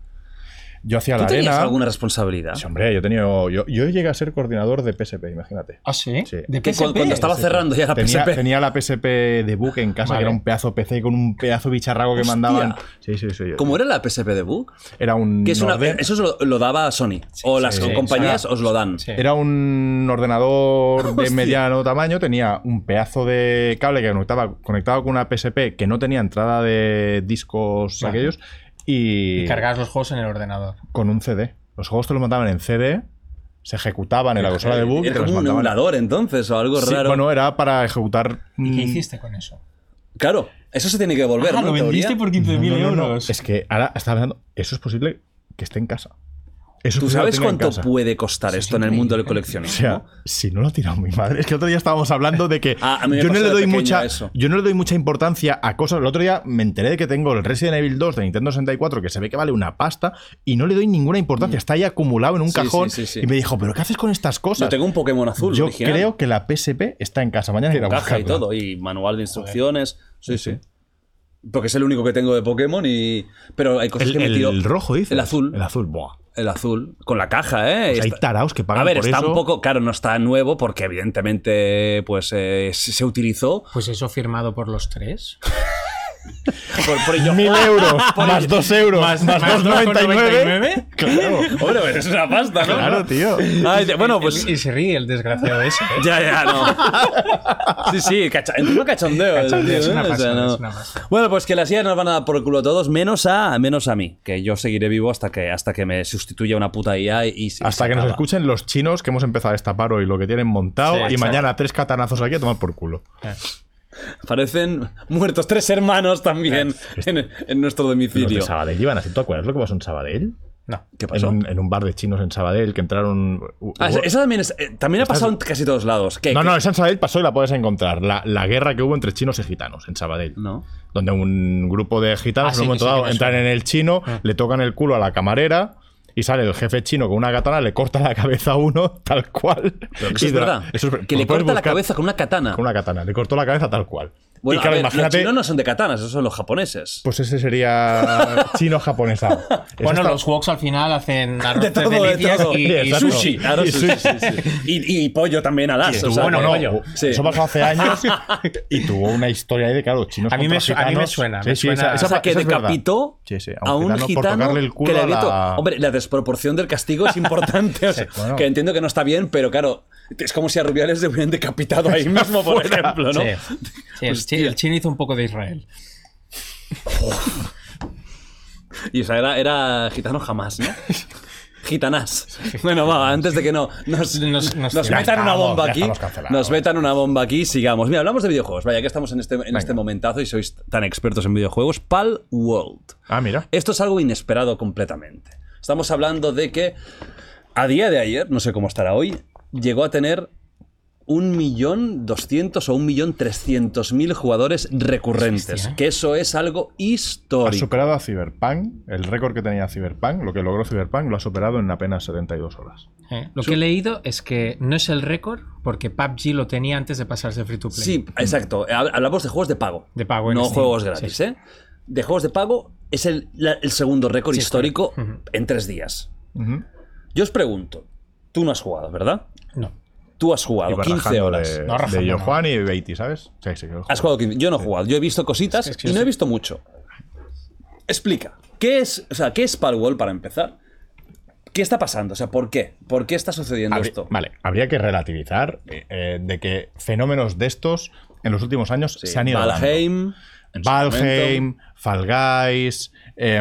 [SPEAKER 2] yo hacía la
[SPEAKER 1] ¿Tú tenías
[SPEAKER 2] arena.
[SPEAKER 1] alguna responsabilidad?
[SPEAKER 2] Sí, hombre, yo he tenido. Yo, yo llegué a ser coordinador de PSP, imagínate.
[SPEAKER 3] ¿Ah, sí?
[SPEAKER 2] Sí.
[SPEAKER 3] ¿De
[SPEAKER 1] Que cu-
[SPEAKER 3] PSP?
[SPEAKER 1] cuando estaba cerrando ya Ah, la
[SPEAKER 2] Tenía,
[SPEAKER 1] PSP.
[SPEAKER 2] tenía la PSP de Book en casa,
[SPEAKER 3] Vale.
[SPEAKER 2] que era un pedazo PC con un pedazo bicharraco que
[SPEAKER 1] Hostia.
[SPEAKER 2] mandaban. Sí, sí, sí. yo-
[SPEAKER 1] ¿Cómo era la PSP de Book?
[SPEAKER 2] Era un.
[SPEAKER 1] Que es una,
[SPEAKER 2] orden-
[SPEAKER 1] eso os lo, lo daba Sony. o las
[SPEAKER 2] sí, Ah,
[SPEAKER 1] compañías os lo dan.
[SPEAKER 3] Sí.
[SPEAKER 2] Era un ordenador de
[SPEAKER 1] Hostia.
[SPEAKER 2] mediano tamaño, tenía un pedazo de cable que conectaba, conectado con una PSP que no tenía entrada de discos
[SPEAKER 3] Vale.
[SPEAKER 2] aquellos y,
[SPEAKER 3] Y cargabas los juegos en el ordenador.
[SPEAKER 2] con un CD. Los juegos te los mandaban en CD, se ejecutaban en la consola de book y te
[SPEAKER 1] Eh, Era
[SPEAKER 2] los
[SPEAKER 1] como un
[SPEAKER 2] mandaban.
[SPEAKER 1] emulador entonces o algo
[SPEAKER 2] Sí,
[SPEAKER 1] raro.
[SPEAKER 2] bueno, era para ejecutar.
[SPEAKER 3] ¿Y qué
[SPEAKER 2] mm,
[SPEAKER 3] hiciste con eso?
[SPEAKER 1] Claro, eso se tiene que volver.
[SPEAKER 3] Ah,
[SPEAKER 1] ¿no? En teoría.
[SPEAKER 3] por
[SPEAKER 2] No,
[SPEAKER 3] 15.000
[SPEAKER 2] no, no, no. Es que ahora estaba pensando, eso es posible que esté en casa. Eso es
[SPEAKER 1] ¿Tú
[SPEAKER 2] posible que
[SPEAKER 1] sabes
[SPEAKER 2] lo tenga en
[SPEAKER 1] cuánto
[SPEAKER 2] casa.
[SPEAKER 1] puede costar esto en el mundo del coleccionismo?
[SPEAKER 2] O sea, si no lo ha tirado mi madre. Es que el otro día estábamos hablando de que
[SPEAKER 1] Ah, a mí me
[SPEAKER 2] yo no
[SPEAKER 1] pasó
[SPEAKER 2] le
[SPEAKER 1] de
[SPEAKER 2] doy
[SPEAKER 1] pequeño
[SPEAKER 2] mucha
[SPEAKER 1] eso.
[SPEAKER 2] yo no le doy mucha importancia a cosas. El otro día me enteré de que tengo el Resident Evil 2 de Nintendo 64 que se ve que vale una pasta y no le doy ninguna importancia, está ahí acumulado en un
[SPEAKER 1] Mm. Sí,
[SPEAKER 2] cajón
[SPEAKER 1] sí, sí, sí.
[SPEAKER 2] y me dijo, "¿Pero qué haces con estas cosas?"
[SPEAKER 1] Yo tengo un Pokémon azul.
[SPEAKER 2] Yo
[SPEAKER 1] original,
[SPEAKER 2] creo que la PSP está en casa. Mañana iré a
[SPEAKER 1] con caja y
[SPEAKER 2] buscarla.
[SPEAKER 1] todo, y manual de instrucciones. Sí, sí. Porque es el único que tengo de Pokémon y. Pero hay cosas
[SPEAKER 2] El,
[SPEAKER 1] que me
[SPEAKER 2] el
[SPEAKER 1] tiro.
[SPEAKER 2] rojo dice.
[SPEAKER 1] El azul.
[SPEAKER 2] El azul, buah.
[SPEAKER 1] El azul. Con la caja, ¿eh?
[SPEAKER 2] O sea, hay
[SPEAKER 1] Está-
[SPEAKER 2] taraos que pagan
[SPEAKER 1] A ver,
[SPEAKER 2] por
[SPEAKER 1] está
[SPEAKER 2] eso.
[SPEAKER 1] un poco. Claro, no está nuevo porque, evidentemente, pues eh, se se utilizó.
[SPEAKER 3] Pues eso firmado por los tres.
[SPEAKER 1] Por, por ello.
[SPEAKER 2] Mil euros, más dos euros, más, dos noventa y nueve.
[SPEAKER 3] 2,99.
[SPEAKER 2] Claro,
[SPEAKER 1] Hombre, pero es una pasta, ¿no?
[SPEAKER 2] claro, tío.
[SPEAKER 1] Ay, te- bueno, pues.
[SPEAKER 3] Y se ríe el desgraciado ese. ¿eh?
[SPEAKER 1] Ya, ya, no. Sí, sí, cacha en pleno cachondeo. el
[SPEAKER 3] Cachondeo, es
[SPEAKER 1] tío,
[SPEAKER 3] una
[SPEAKER 1] ¿eh? O sea,
[SPEAKER 3] pasada,
[SPEAKER 1] no.
[SPEAKER 3] es una pasada.
[SPEAKER 1] Bueno, pues que las sillas nos van a dar por el culo a todos, menos a, menos a mí, que yo seguiré vivo hasta que, hasta que me sustituya una puta IA y... y se-
[SPEAKER 2] Hasta
[SPEAKER 1] se
[SPEAKER 2] que nos
[SPEAKER 1] acaba.
[SPEAKER 2] escuchen los chinos que hemos empezado a destapar hoy lo que tienen montado
[SPEAKER 3] Sí,
[SPEAKER 2] y
[SPEAKER 3] exacto.
[SPEAKER 2] mañana tres catanazos aquí a tomar por culo.
[SPEAKER 1] Parecen muertos tres hermanos también en, en nuestro
[SPEAKER 2] Los de
[SPEAKER 1] domicilio.
[SPEAKER 2] Sabadell iban así. ¿Tú te acuerdas lo que pasó en Sabadell?
[SPEAKER 3] No.
[SPEAKER 1] ¿Qué
[SPEAKER 2] En
[SPEAKER 1] pasó?
[SPEAKER 2] un, en un bar de chinos en Sabadell que entraron. u-
[SPEAKER 1] Ah,
[SPEAKER 2] hubo-
[SPEAKER 1] eso también, es- eh, también ha pasado en casi todos lados. ¿Qué?
[SPEAKER 2] No,
[SPEAKER 1] ¿Qué?
[SPEAKER 2] no, esa en Sabadell pasó y la puedes encontrar. La, la guerra que hubo entre chinos y gitanos en Sabadell.
[SPEAKER 1] No.
[SPEAKER 2] Donde un grupo de gitanos
[SPEAKER 3] Ah,
[SPEAKER 2] en un
[SPEAKER 3] sí,
[SPEAKER 2] momento
[SPEAKER 3] sí, que
[SPEAKER 2] dado
[SPEAKER 3] me
[SPEAKER 2] entran en el chino,
[SPEAKER 1] Ah.
[SPEAKER 2] le tocan el culo a la camarera. Y sale el jefe chino con una katana, le corta la cabeza a uno, tal cual.
[SPEAKER 1] Pero Eso
[SPEAKER 2] Y
[SPEAKER 1] es
[SPEAKER 2] dra-
[SPEAKER 1] verdad.
[SPEAKER 2] eso es ver-
[SPEAKER 1] que le
[SPEAKER 2] lo puedes
[SPEAKER 1] corta la
[SPEAKER 2] buscar
[SPEAKER 1] cabeza con una katana.
[SPEAKER 2] Con una katana, le cortó la cabeza tal cual.
[SPEAKER 1] Ah. Bueno,
[SPEAKER 2] y claro,
[SPEAKER 1] a ver,
[SPEAKER 2] imagínate.
[SPEAKER 1] los chinos no son de katanas, esos son los japoneses.
[SPEAKER 2] Pues ese sería chino japonesa.
[SPEAKER 3] Bueno, los juegos al final hacen
[SPEAKER 1] de
[SPEAKER 3] arroces
[SPEAKER 1] todo,
[SPEAKER 3] de
[SPEAKER 1] de
[SPEAKER 3] lidias
[SPEAKER 1] todo.
[SPEAKER 3] y, y
[SPEAKER 2] Exacto.
[SPEAKER 1] sushi. ahora
[SPEAKER 2] Y
[SPEAKER 1] sushi,
[SPEAKER 2] sushi.
[SPEAKER 1] sí, sí. Y, y pollo también a las.
[SPEAKER 2] bueno, no,
[SPEAKER 1] Sí.
[SPEAKER 2] eso pasó hace años y tuvo una historia ahí de claro, chinos
[SPEAKER 3] A mí me
[SPEAKER 2] contra
[SPEAKER 3] su- a mí me
[SPEAKER 2] gitanos.
[SPEAKER 3] suena,
[SPEAKER 2] Sí,
[SPEAKER 3] me
[SPEAKER 2] sí,
[SPEAKER 3] suena-
[SPEAKER 2] esa-
[SPEAKER 3] O
[SPEAKER 2] esa
[SPEAKER 1] o sea,
[SPEAKER 2] pa-
[SPEAKER 1] que
[SPEAKER 2] esa es verdad.
[SPEAKER 1] decapitó
[SPEAKER 2] Sí, sí,
[SPEAKER 1] a un gitano,
[SPEAKER 2] por tocarle el culo
[SPEAKER 1] que le
[SPEAKER 2] a la-
[SPEAKER 1] evitó. Hombre, la desproporción del castigo es importante. o sea,
[SPEAKER 2] bueno.
[SPEAKER 1] Que entiendo que no está bien, pero claro, es como si a Rubiales le hubieran decapitado ahí mismo, por ejemplo, ¿no?
[SPEAKER 3] Sí. Sí, el, chi- el chino hizo un poco de Israel.
[SPEAKER 1] Y o sea, era, era gitano jamás, ¿no? Gitanás. Bueno, va, antes de que no nos,
[SPEAKER 3] Nos- nos-
[SPEAKER 1] nos
[SPEAKER 3] ya
[SPEAKER 1] metan una
[SPEAKER 2] estamos,
[SPEAKER 1] bomba
[SPEAKER 2] ya
[SPEAKER 1] aquí.
[SPEAKER 2] estamos cancelados.
[SPEAKER 1] Nos metan una bomba aquí y sigamos. Mira, hablamos de videojuegos. Vaya, que estamos en este, en este momentazo y sois tan expertos en videojuegos. Pal World.
[SPEAKER 2] Ah, mira.
[SPEAKER 1] Esto es algo inesperado completamente. Estamos hablando de que a día de ayer, no sé cómo estará hoy, llegó a tener 1.200.000 o 1.300.000 jugadores recurrentes.
[SPEAKER 3] ¿eh?
[SPEAKER 1] Que eso es algo
[SPEAKER 2] Ha
[SPEAKER 1] histórico.
[SPEAKER 2] superado a Cyberpunk, el récord que tenía Cyberpunk, lo que logró Cyberpunk lo ha superado en apenas 72 horas.
[SPEAKER 3] Eh, Lo que he leído es que no es el récord porque PUBG lo tenía antes de pasarse free to play.
[SPEAKER 1] Sí, exacto. Hab- Hablamos de juegos de pago.
[SPEAKER 3] De pago en
[SPEAKER 1] No
[SPEAKER 3] Steam,
[SPEAKER 1] juegos
[SPEAKER 3] sí.
[SPEAKER 1] gratis, ¿eh? De juegos de pago es el, la- el segundo récord histórico en tres días.
[SPEAKER 2] Ujú.
[SPEAKER 1] Yo os pregunto, tú no has jugado, ¿verdad?
[SPEAKER 3] No.
[SPEAKER 1] Tú has jugado
[SPEAKER 2] Ibas
[SPEAKER 1] 15
[SPEAKER 2] rajando
[SPEAKER 1] horas.
[SPEAKER 2] De,
[SPEAKER 3] No, rajando,
[SPEAKER 2] de
[SPEAKER 3] no.
[SPEAKER 2] Yojuan y Beatty, ¿sabes? Sí, sí. yo
[SPEAKER 1] Has
[SPEAKER 2] juego.
[SPEAKER 1] jugado 15. Yo no he jugado. Yo he visto cositas
[SPEAKER 3] Es que
[SPEAKER 1] y
[SPEAKER 3] yo
[SPEAKER 1] no he
[SPEAKER 3] sí.
[SPEAKER 1] visto mucho. Explica. ¿Qué es, o sea, ¿qué es Palworld para empezar? ¿Qué está pasando? O sea, ¿por qué? ¿Por qué está sucediendo
[SPEAKER 2] Habría-
[SPEAKER 1] esto?
[SPEAKER 2] Vale, habría que relativizar eh, eh, de que fenómenos de estos en los últimos años
[SPEAKER 1] Sí,
[SPEAKER 2] se han ido dando.
[SPEAKER 1] Valheim. en su
[SPEAKER 2] Valheim, Fall Guys,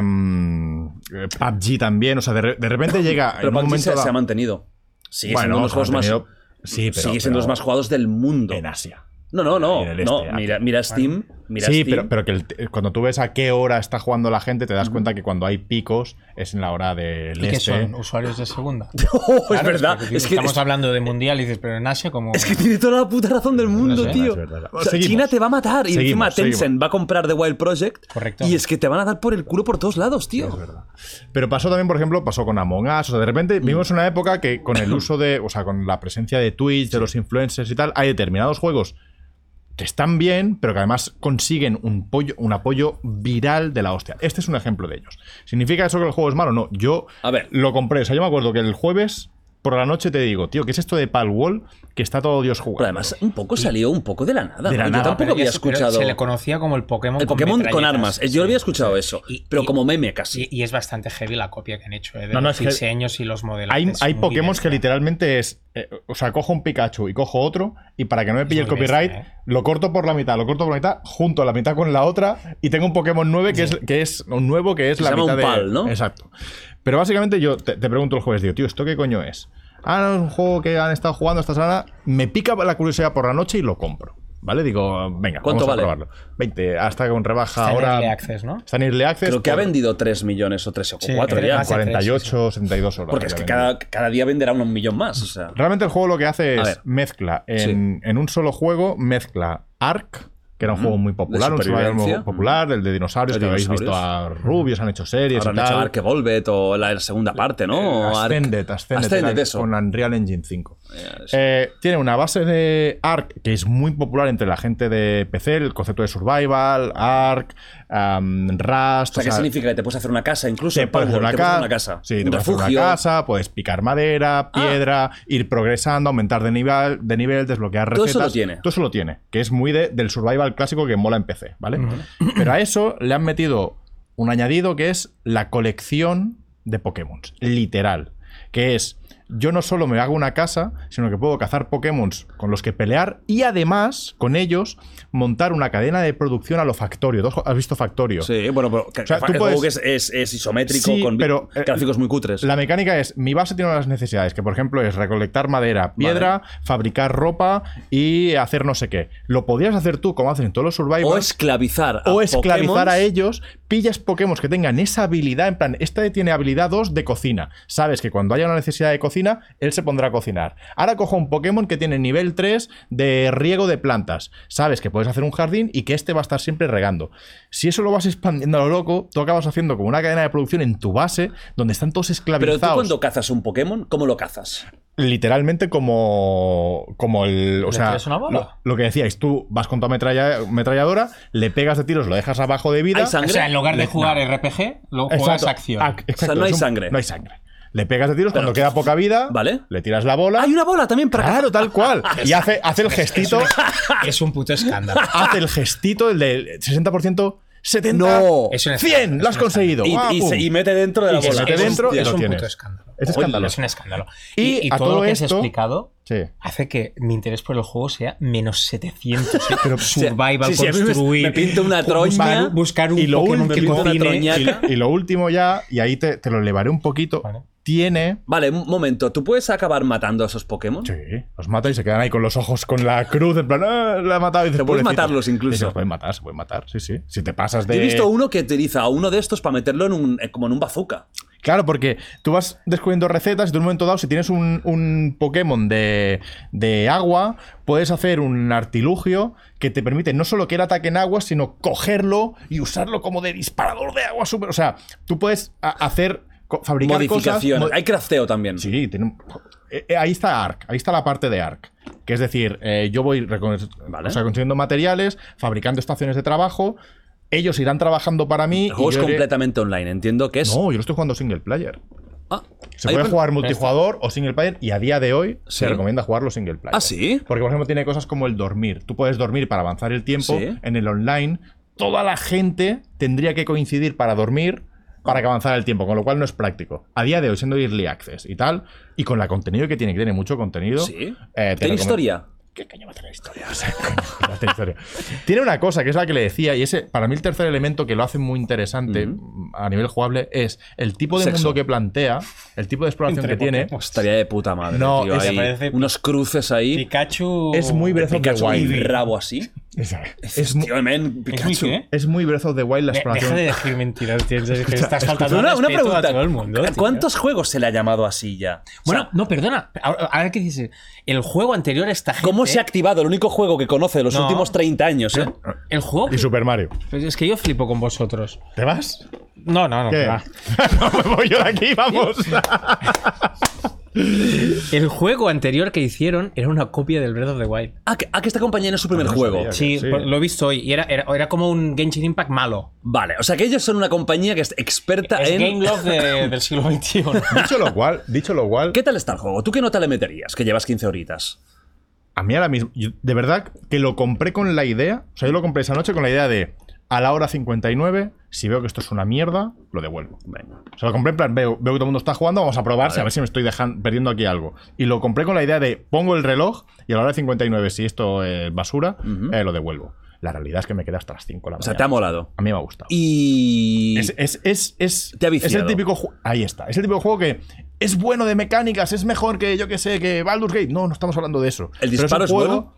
[SPEAKER 2] em, eh, PUBG también. O sea, de, re- de repente llega.
[SPEAKER 1] Pero
[SPEAKER 2] en un
[SPEAKER 1] PUBG
[SPEAKER 2] momento
[SPEAKER 1] se,
[SPEAKER 2] dado-
[SPEAKER 1] se ha mantenido. Sigue
[SPEAKER 2] Bueno,
[SPEAKER 1] siendo uno de los
[SPEAKER 2] se ha
[SPEAKER 1] juegos más.
[SPEAKER 2] mantenido- sí, pero-
[SPEAKER 1] sigue siendo
[SPEAKER 2] pero-
[SPEAKER 1] los más jugados del mundo.
[SPEAKER 2] en Asia.
[SPEAKER 1] No, no, no.
[SPEAKER 2] en el
[SPEAKER 1] no.
[SPEAKER 2] este,
[SPEAKER 1] mira, mira Steam. Mira
[SPEAKER 2] sí,
[SPEAKER 1] Steam.
[SPEAKER 2] pero, pero que el t- cuando tú ves a qué hora está jugando la gente, te das cuenta que cuando hay picos es en la hora del
[SPEAKER 3] ¿Y qué
[SPEAKER 2] este.
[SPEAKER 3] son? ¿Usuarios de segunda?
[SPEAKER 1] Oh, es
[SPEAKER 3] Claro,
[SPEAKER 1] verdad.
[SPEAKER 3] porque
[SPEAKER 1] Es que,
[SPEAKER 3] estamos
[SPEAKER 1] es-
[SPEAKER 3] hablando de mundial y dices, pero en Asia como...
[SPEAKER 1] es que tiene toda la puta razón del mundo,
[SPEAKER 3] sé,
[SPEAKER 1] tío.
[SPEAKER 2] es verdad.
[SPEAKER 1] O sea,
[SPEAKER 2] Seguimos.
[SPEAKER 1] China te va a matar. Y
[SPEAKER 2] Seguimos,
[SPEAKER 1] encima Tencent
[SPEAKER 2] seguimos.
[SPEAKER 1] va a comprar The Wild Project.
[SPEAKER 3] Correcto.
[SPEAKER 1] Y es que te van a dar por el culo por todos lados, tío.
[SPEAKER 2] Pero pasó también, por ejemplo, pasó con Among Us. O sea, de repente
[SPEAKER 1] Mm.
[SPEAKER 2] vivimos una época que con el uso de, o sea, con la presencia de Twitch, de los influencers y tal, hay determinados juegos que están bien, pero que además consiguen un, pollo, un apoyo viral de la hostia. Este es un ejemplo de ellos. ¿Significa eso que el juego es malo? No, yo
[SPEAKER 1] A ver.
[SPEAKER 2] lo compré. O sea, yo me acuerdo que el jueves por la noche te digo, tío, ¿qué es esto de Palworld? Que está todo Dios jugando.
[SPEAKER 1] Pero además, un poco salió un poco de la nada.
[SPEAKER 2] De la
[SPEAKER 1] ¿no?
[SPEAKER 2] nada,
[SPEAKER 1] Yo tampoco
[SPEAKER 3] Pero
[SPEAKER 1] había
[SPEAKER 3] ya se- pero
[SPEAKER 1] escuchado.
[SPEAKER 3] Se le conocía como el Pokémon
[SPEAKER 1] el Pokémon con
[SPEAKER 3] metralletas.
[SPEAKER 1] armas. Yo había escuchado eso.
[SPEAKER 3] Y-
[SPEAKER 1] pero
[SPEAKER 3] y-
[SPEAKER 1] como meme casi.
[SPEAKER 3] Y, y es bastante heavy la copia que han hecho ¿eh? de
[SPEAKER 2] No, no,
[SPEAKER 3] los
[SPEAKER 2] es que-
[SPEAKER 3] diseños y los modelos.
[SPEAKER 2] Hay,
[SPEAKER 3] Es
[SPEAKER 2] hay
[SPEAKER 3] muy
[SPEAKER 2] Pokémon que
[SPEAKER 3] bestia.
[SPEAKER 2] literalmente es. eh, o sea, cojo un Pikachu y cojo otro, y para que no me pille el
[SPEAKER 3] muy bestia,
[SPEAKER 2] copyright,
[SPEAKER 3] ¿eh?
[SPEAKER 2] lo corto por la mitad, lo corto por la mitad, junto la mitad con la otra, y tengo un Pokémon 9 que, es, que es un nuevo que es
[SPEAKER 1] Que
[SPEAKER 2] la
[SPEAKER 1] se llama
[SPEAKER 2] mitad
[SPEAKER 1] un
[SPEAKER 2] de-
[SPEAKER 1] pal, ¿no?
[SPEAKER 2] Exacto. Pero básicamente yo te, te pregunto el jueves, digo, tío, ¿esto qué coño es? Ah, no, es un juego que han estado jugando esta semana. Me pica la curiosidad por la noche y lo compro. ¿Vale? Digo, venga,
[SPEAKER 1] ¿Cuánto
[SPEAKER 2] vamos
[SPEAKER 1] vale?
[SPEAKER 2] a probarlo. 20, hasta con rebaja
[SPEAKER 3] Está en
[SPEAKER 2] ahora.
[SPEAKER 3] Early Access, ¿no?
[SPEAKER 2] Está en Early Access.
[SPEAKER 1] Creo que ha
[SPEAKER 2] pues por
[SPEAKER 1] vendido 3 millones o 3 o
[SPEAKER 3] Ah, Sí,
[SPEAKER 1] 4
[SPEAKER 3] creo
[SPEAKER 1] ya.
[SPEAKER 3] que hace-
[SPEAKER 2] 48, 72 horas.
[SPEAKER 1] Porque es
[SPEAKER 2] ya
[SPEAKER 1] que
[SPEAKER 2] ha vendido.
[SPEAKER 1] cada, cada día venderá un millón más. O sea.
[SPEAKER 2] Realmente el juego lo que hace
[SPEAKER 1] A
[SPEAKER 2] es
[SPEAKER 1] ver.
[SPEAKER 2] mezcla en, en un solo juego, mezcla Ark, que era un juego muy popular,
[SPEAKER 1] Mm. De
[SPEAKER 2] un survival
[SPEAKER 1] supervivencia. Mm.
[SPEAKER 2] muy popular, el de dinosaurios,
[SPEAKER 1] De
[SPEAKER 2] que habéis visto a
[SPEAKER 1] dinosaurios.
[SPEAKER 2] Rubios, han hecho series
[SPEAKER 1] Ahora han
[SPEAKER 2] y
[SPEAKER 1] hecho
[SPEAKER 2] tal. Eh,
[SPEAKER 1] Ark Evolved o la, la segunda parte, ¿no? O Ark-
[SPEAKER 2] Ascended, Ascended,
[SPEAKER 1] Ascended,
[SPEAKER 2] era
[SPEAKER 1] eso.
[SPEAKER 2] con Unreal Engine 5. Eh, tiene una base de Ark que es muy popular entre la gente de PC, el concepto de survival, Ark, um, Rust.
[SPEAKER 1] O sea, ¿qué
[SPEAKER 2] o sea,
[SPEAKER 1] significa? Que te puedes hacer una casa incluso.
[SPEAKER 2] te
[SPEAKER 1] en
[SPEAKER 2] puedes hacer
[SPEAKER 1] Palworld,
[SPEAKER 2] una,
[SPEAKER 1] te puedes hacer
[SPEAKER 2] ca-
[SPEAKER 1] una casa.
[SPEAKER 2] Sí, te
[SPEAKER 1] un
[SPEAKER 2] puedes hacer una
[SPEAKER 1] refugio. Ah.
[SPEAKER 2] casa, puedes picar madera, piedra, ir progresando, aumentar de nivel, de nivel desbloquear
[SPEAKER 1] Todo
[SPEAKER 2] recetas.
[SPEAKER 1] eso lo tiene.
[SPEAKER 2] Todo eso lo tiene, que es muy de- del survival clásico que mola en PC, ¿vale? Pero a eso le han metido un añadido que es la colección de Pokémon, literal, que es yo no solo me hago una casa, sino que puedo cazar Pokémon con los que pelear y además con ellos montar una cadena de producción a lo Factorio. ¿Tú ¿Has visto Factorio?
[SPEAKER 1] Sí, bueno, pero que-
[SPEAKER 2] O sea,
[SPEAKER 1] que-
[SPEAKER 2] tú
[SPEAKER 1] el juego
[SPEAKER 2] puedes-
[SPEAKER 1] que es, es- es isométrico
[SPEAKER 2] Sí,
[SPEAKER 1] con vi-
[SPEAKER 2] pero, eh,
[SPEAKER 1] gráficos muy cutres.
[SPEAKER 2] La mecánica es, mi base tiene unas necesidades, que por ejemplo es recolectar madera, piedra, fabricar ropa y hacer no sé qué. Lo podrías hacer tú, como hacen en todos los
[SPEAKER 1] o
[SPEAKER 2] survivals,
[SPEAKER 1] esclavizar a
[SPEAKER 2] o esclavizar
[SPEAKER 1] Pokémons.
[SPEAKER 2] a ellos, pillas Pokémon que tengan esa habilidad, en plan, este tiene habilidad 2 de cocina. Sabes que cuando haya una necesidad de cocina, él se pondrá a cocinar. Ahora cojo un Pokémon que tiene nivel 3 de riego de plantas. Sabes que puedes hacer un jardín y que este va a estar siempre regando. Si eso lo vas expandiendo a lo loco, tú acabas haciendo como una cadena de producción en tu base donde están todos
[SPEAKER 1] Pero
[SPEAKER 2] esclavizados.
[SPEAKER 1] tú cuando cazas un Pokémon, ¿cómo lo cazas?
[SPEAKER 2] Literalmente como, como el... O
[SPEAKER 3] ¿Le
[SPEAKER 2] sea,
[SPEAKER 3] tiras una bola?
[SPEAKER 2] lo, lo que decías, tú vas con tu ametralla- ametralladora, le pegas de tiros, lo dejas abajo de vida...
[SPEAKER 1] ¿Hay sangre?
[SPEAKER 3] O sea, en lugar de
[SPEAKER 2] Le-
[SPEAKER 3] jugar RPG, luego juegas
[SPEAKER 2] Exacto.
[SPEAKER 3] acción.
[SPEAKER 2] Ac- exacto,
[SPEAKER 1] O sea, no
[SPEAKER 2] es
[SPEAKER 1] hay
[SPEAKER 2] un-
[SPEAKER 1] sangre.
[SPEAKER 2] No hay sangre. Le pegas de tiros cuando queda poca vida.
[SPEAKER 1] Vale.
[SPEAKER 2] Le tiras la bola.
[SPEAKER 1] Ah, ¡Hay una bola también para
[SPEAKER 2] Claro, tal cual. Y hace, hace el gestito.
[SPEAKER 3] Es un puto escándalo.
[SPEAKER 2] hace el gestito, el del 60%, 70,
[SPEAKER 1] No.
[SPEAKER 3] Es un
[SPEAKER 2] 100. Lo has conseguido.
[SPEAKER 1] Y,
[SPEAKER 2] Guau,
[SPEAKER 1] y se-
[SPEAKER 2] pum.
[SPEAKER 1] y mete dentro de la
[SPEAKER 2] Y se
[SPEAKER 1] bola.
[SPEAKER 2] mete
[SPEAKER 3] es
[SPEAKER 2] dentro
[SPEAKER 3] un,
[SPEAKER 2] y
[SPEAKER 3] es
[SPEAKER 2] lo
[SPEAKER 3] un
[SPEAKER 2] tienes.
[SPEAKER 3] puto escándalo.
[SPEAKER 2] Es escándalo.
[SPEAKER 3] Es un escándalo.
[SPEAKER 2] Y
[SPEAKER 3] Y, y
[SPEAKER 2] a
[SPEAKER 3] todo,
[SPEAKER 2] todo
[SPEAKER 3] lo que has
[SPEAKER 2] esto-
[SPEAKER 3] explicado
[SPEAKER 2] Sí.
[SPEAKER 3] hace que mi interés por el juego sea menos 700. ¿eh?
[SPEAKER 1] O sea,
[SPEAKER 3] survival,
[SPEAKER 1] sí, sí, a mí me-
[SPEAKER 3] construir.
[SPEAKER 1] Me, pinta una
[SPEAKER 3] buscar,
[SPEAKER 1] troña.
[SPEAKER 3] buscar un
[SPEAKER 2] Y lo
[SPEAKER 3] Pokémon
[SPEAKER 2] último-
[SPEAKER 3] que
[SPEAKER 1] me pinta una
[SPEAKER 3] cocine.
[SPEAKER 1] troña.
[SPEAKER 2] Y, y lo último ya, y ahí te, te lo elevaré un poquito.
[SPEAKER 3] Vale.
[SPEAKER 2] Tiene.
[SPEAKER 1] Vale, un momento. ¿Tú puedes acabar matando a esos Pokémon?
[SPEAKER 2] Sí, los mata y se quedan ahí con los ojos con la cruz, en plan, ah, la he matado. Y dices,
[SPEAKER 1] Se pueden
[SPEAKER 2] "Pobrecito".
[SPEAKER 1] matarlos incluso.
[SPEAKER 2] Sí, Se pueden matar, se pueden matar, sí, sí. Si te pasas
[SPEAKER 1] Yo
[SPEAKER 2] de.
[SPEAKER 1] he visto uno que utiliza a uno de estos para meterlo en un, eh, como en un bazooka.
[SPEAKER 2] Claro, porque tú vas descubriendo recetas y tú en un momento dado, si tienes un, un Pokémon de, de agua, puedes hacer un artilugio que te permite no solo que él ataque en agua, sino cogerlo y usarlo como de disparador de agua super. O sea, tú puedes a- hacer. co- Fabricar
[SPEAKER 1] Modificaciones.
[SPEAKER 2] cosas. mo-
[SPEAKER 1] Hay crafteo también.
[SPEAKER 2] Sí, tiene un- eh, eh, ahí está ARC, ahí está la parte de ARC. Que es decir, eh, yo voy recon-
[SPEAKER 1] Vale.
[SPEAKER 2] o sea, consiguiendo materiales, fabricando estaciones de trabajo, ellos irán trabajando para mí. y
[SPEAKER 1] El juego es
[SPEAKER 2] yo iré-
[SPEAKER 1] completamente online. Entiendo que es.
[SPEAKER 2] No, yo lo estoy jugando single player.
[SPEAKER 1] Ah,
[SPEAKER 2] Se
[SPEAKER 1] ahí
[SPEAKER 2] puede
[SPEAKER 1] pen-
[SPEAKER 2] jugar multijugador o single player y a día de hoy
[SPEAKER 1] Sí.
[SPEAKER 2] se recomienda jugarlo single player.
[SPEAKER 1] Ah, ¿sí?
[SPEAKER 2] Porque, por ejemplo, tiene cosas como el dormir. Tú puedes dormir para avanzar el tiempo
[SPEAKER 1] Sí.
[SPEAKER 2] en el online. Toda la gente tendría que coincidir para dormir para que avanzara el tiempo, con lo cual no es práctico. A día de hoy, siendo early access y tal, y con la contenido que tiene, que tiene mucho contenido.
[SPEAKER 1] Sí.
[SPEAKER 2] eh, te
[SPEAKER 1] ¿Tiene
[SPEAKER 2] recomend-
[SPEAKER 1] historia?
[SPEAKER 2] ¿Qué coño va a tener historia? O sea, coño, va a tener historia. Tiene una cosa que es la que le decía, y ese, para mí, el tercer elemento que lo hace muy interesante a nivel jugable es el tipo de
[SPEAKER 1] Sexo.
[SPEAKER 2] mundo que plantea, el tipo de exploración que tiene.
[SPEAKER 1] Estaría de puta madre,
[SPEAKER 2] No,
[SPEAKER 1] tío,
[SPEAKER 2] ese
[SPEAKER 1] ahí.
[SPEAKER 3] parece-
[SPEAKER 1] unos cruces ahí.
[SPEAKER 3] Pikachu.
[SPEAKER 2] Es muy Breath of the
[SPEAKER 1] Pikachu y
[SPEAKER 2] Wild.
[SPEAKER 1] rabo así.
[SPEAKER 2] Es, es ¿eh? mu-
[SPEAKER 1] Tío, men, Pikachu.
[SPEAKER 3] qué?
[SPEAKER 2] es muy Breath of the Wild la
[SPEAKER 3] De-
[SPEAKER 2] exploración.
[SPEAKER 3] eh, deja de decir mentiras, tío. en serio, que estás faltando
[SPEAKER 1] Pues Una,
[SPEAKER 3] al
[SPEAKER 1] una
[SPEAKER 3] respeto
[SPEAKER 1] pregunta.
[SPEAKER 3] a todo el mundo.
[SPEAKER 1] ¿A
[SPEAKER 3] tío.
[SPEAKER 1] ¿Cuántos juegos se le ha llamado así ya?
[SPEAKER 3] Bueno,
[SPEAKER 1] Bueno,
[SPEAKER 3] no, perdona. Ahora, ahora que dices, el juego anterior está gente.
[SPEAKER 1] ¿cómo se ha activado el único juego que conoce de los
[SPEAKER 3] No.
[SPEAKER 1] últimos 30 años? eh?
[SPEAKER 3] El juego.
[SPEAKER 2] Y Super Mario.
[SPEAKER 3] Pues es que yo flipo con vosotros.
[SPEAKER 2] ¿Te vas?
[SPEAKER 3] No, no, no.
[SPEAKER 2] ¿Qué?
[SPEAKER 3] que va.
[SPEAKER 2] no me voy yo de aquí, vamos.
[SPEAKER 3] El juego anterior que hicieron era una copia del Breath of the Wild.
[SPEAKER 1] Ah, que, ah, que esta compañía no es su primer
[SPEAKER 2] No
[SPEAKER 1] juego.
[SPEAKER 2] sabía. Ok,
[SPEAKER 3] Sí,
[SPEAKER 2] sí.
[SPEAKER 3] por- lo he visto hoy. Y era, era, era como un Genshin Impact malo.
[SPEAKER 1] Vale, o sea que ellos son una compañía que es experta
[SPEAKER 3] Es
[SPEAKER 1] en.
[SPEAKER 3] Game Love de- del siglo XXI.
[SPEAKER 2] dicho lo cual, dicho lo cual,
[SPEAKER 1] ¿Qué tal está el juego? ¿Tú qué nota le meterías? Que llevas 15 horitas.
[SPEAKER 2] a mí ahora mismo, yo- de verdad que lo compré con la idea, o sea, yo lo compré esa noche con la idea de a la hora 59, si veo que esto es una mierda, lo devuelvo.
[SPEAKER 1] Venga.
[SPEAKER 2] O sea, lo compré en plan, veo, veo que todo el mundo está jugando, vamos a probar, si a ver si me estoy dejan- perdiendo aquí algo. Y lo compré con la idea de pongo el reloj y a la hora 59, si esto es basura, eh, lo devuelvo. La realidad es que me queda hasta las 5 la
[SPEAKER 1] O
[SPEAKER 2] mañana.
[SPEAKER 1] sea, te ha molado.
[SPEAKER 2] A mí me ha gustado.
[SPEAKER 1] Y.
[SPEAKER 2] Es, eh, es, es, es,
[SPEAKER 1] Te ha
[SPEAKER 2] es
[SPEAKER 1] viciado.
[SPEAKER 2] el típico juego. Ahí está. Es el típico juego que es bueno de mecánicas, es mejor que, yo que sé, que Baldur's Gate. No, no estamos hablando de eso.
[SPEAKER 1] ¿El
[SPEAKER 2] Pero un
[SPEAKER 1] disparo es
[SPEAKER 2] juego-
[SPEAKER 1] bueno?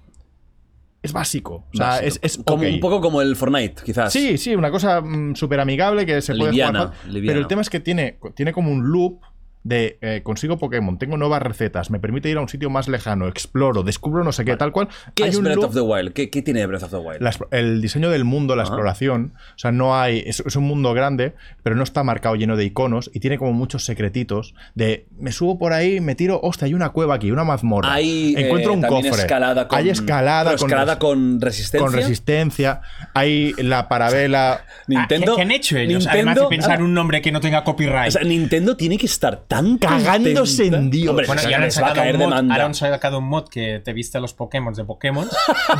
[SPEAKER 2] Es básico. O sea,
[SPEAKER 1] Básico.
[SPEAKER 2] es, es
[SPEAKER 1] Como-
[SPEAKER 2] ok.
[SPEAKER 1] un poco como el Fortnite, quizás.
[SPEAKER 2] Sí, sí, una cosa súper amigable que se puede
[SPEAKER 1] Liviana,
[SPEAKER 2] jugar. fácil.
[SPEAKER 1] liviana.
[SPEAKER 2] Pero el tema es que tiene, tiene como un loop de eh, consigo Pokémon, tengo nuevas recetas, me permite ir a un sitio más lejano, exploro, descubro no sé qué, tal cual.
[SPEAKER 1] ¿Qué
[SPEAKER 2] Hay
[SPEAKER 1] es
[SPEAKER 2] un
[SPEAKER 1] Breath
[SPEAKER 2] loop-
[SPEAKER 1] of the Wild? Ah. ¿Qué, qué tiene Breath of the Wild?
[SPEAKER 2] la explo- el diseño del mundo, la exploración. O sea, no hay. Es, es un mundo grande, pero no está marcado lleno de iconos y tiene como muchos secretitos de me subo por ahí, me tiro, hostia, hay una cueva aquí, una mazmorra.
[SPEAKER 1] Hay eh,
[SPEAKER 2] Encuentro un
[SPEAKER 1] también
[SPEAKER 2] cofre.
[SPEAKER 1] escalada con,
[SPEAKER 2] hay escalada,
[SPEAKER 1] pero
[SPEAKER 2] con,
[SPEAKER 1] escalada
[SPEAKER 2] res-
[SPEAKER 1] con resistencia.
[SPEAKER 2] con resistencia. Hay la parabela.
[SPEAKER 1] Nintendo,
[SPEAKER 3] Ah, ¿Qué, qué han hecho ellos?
[SPEAKER 1] Nintendo,
[SPEAKER 3] Además de pensar
[SPEAKER 1] ah,
[SPEAKER 3] un nombre que no tenga copyright.
[SPEAKER 1] o sea, Nintendo tiene que estar tan
[SPEAKER 2] Cagándose
[SPEAKER 1] contenta.
[SPEAKER 2] en Dios.
[SPEAKER 1] Hombre,
[SPEAKER 3] bueno, y ahora han,
[SPEAKER 1] les va a
[SPEAKER 3] sacado
[SPEAKER 1] caer
[SPEAKER 3] un mod,
[SPEAKER 1] demanda.
[SPEAKER 3] ahora han sacado un mod que te viste a los Pokémon de Pokémon.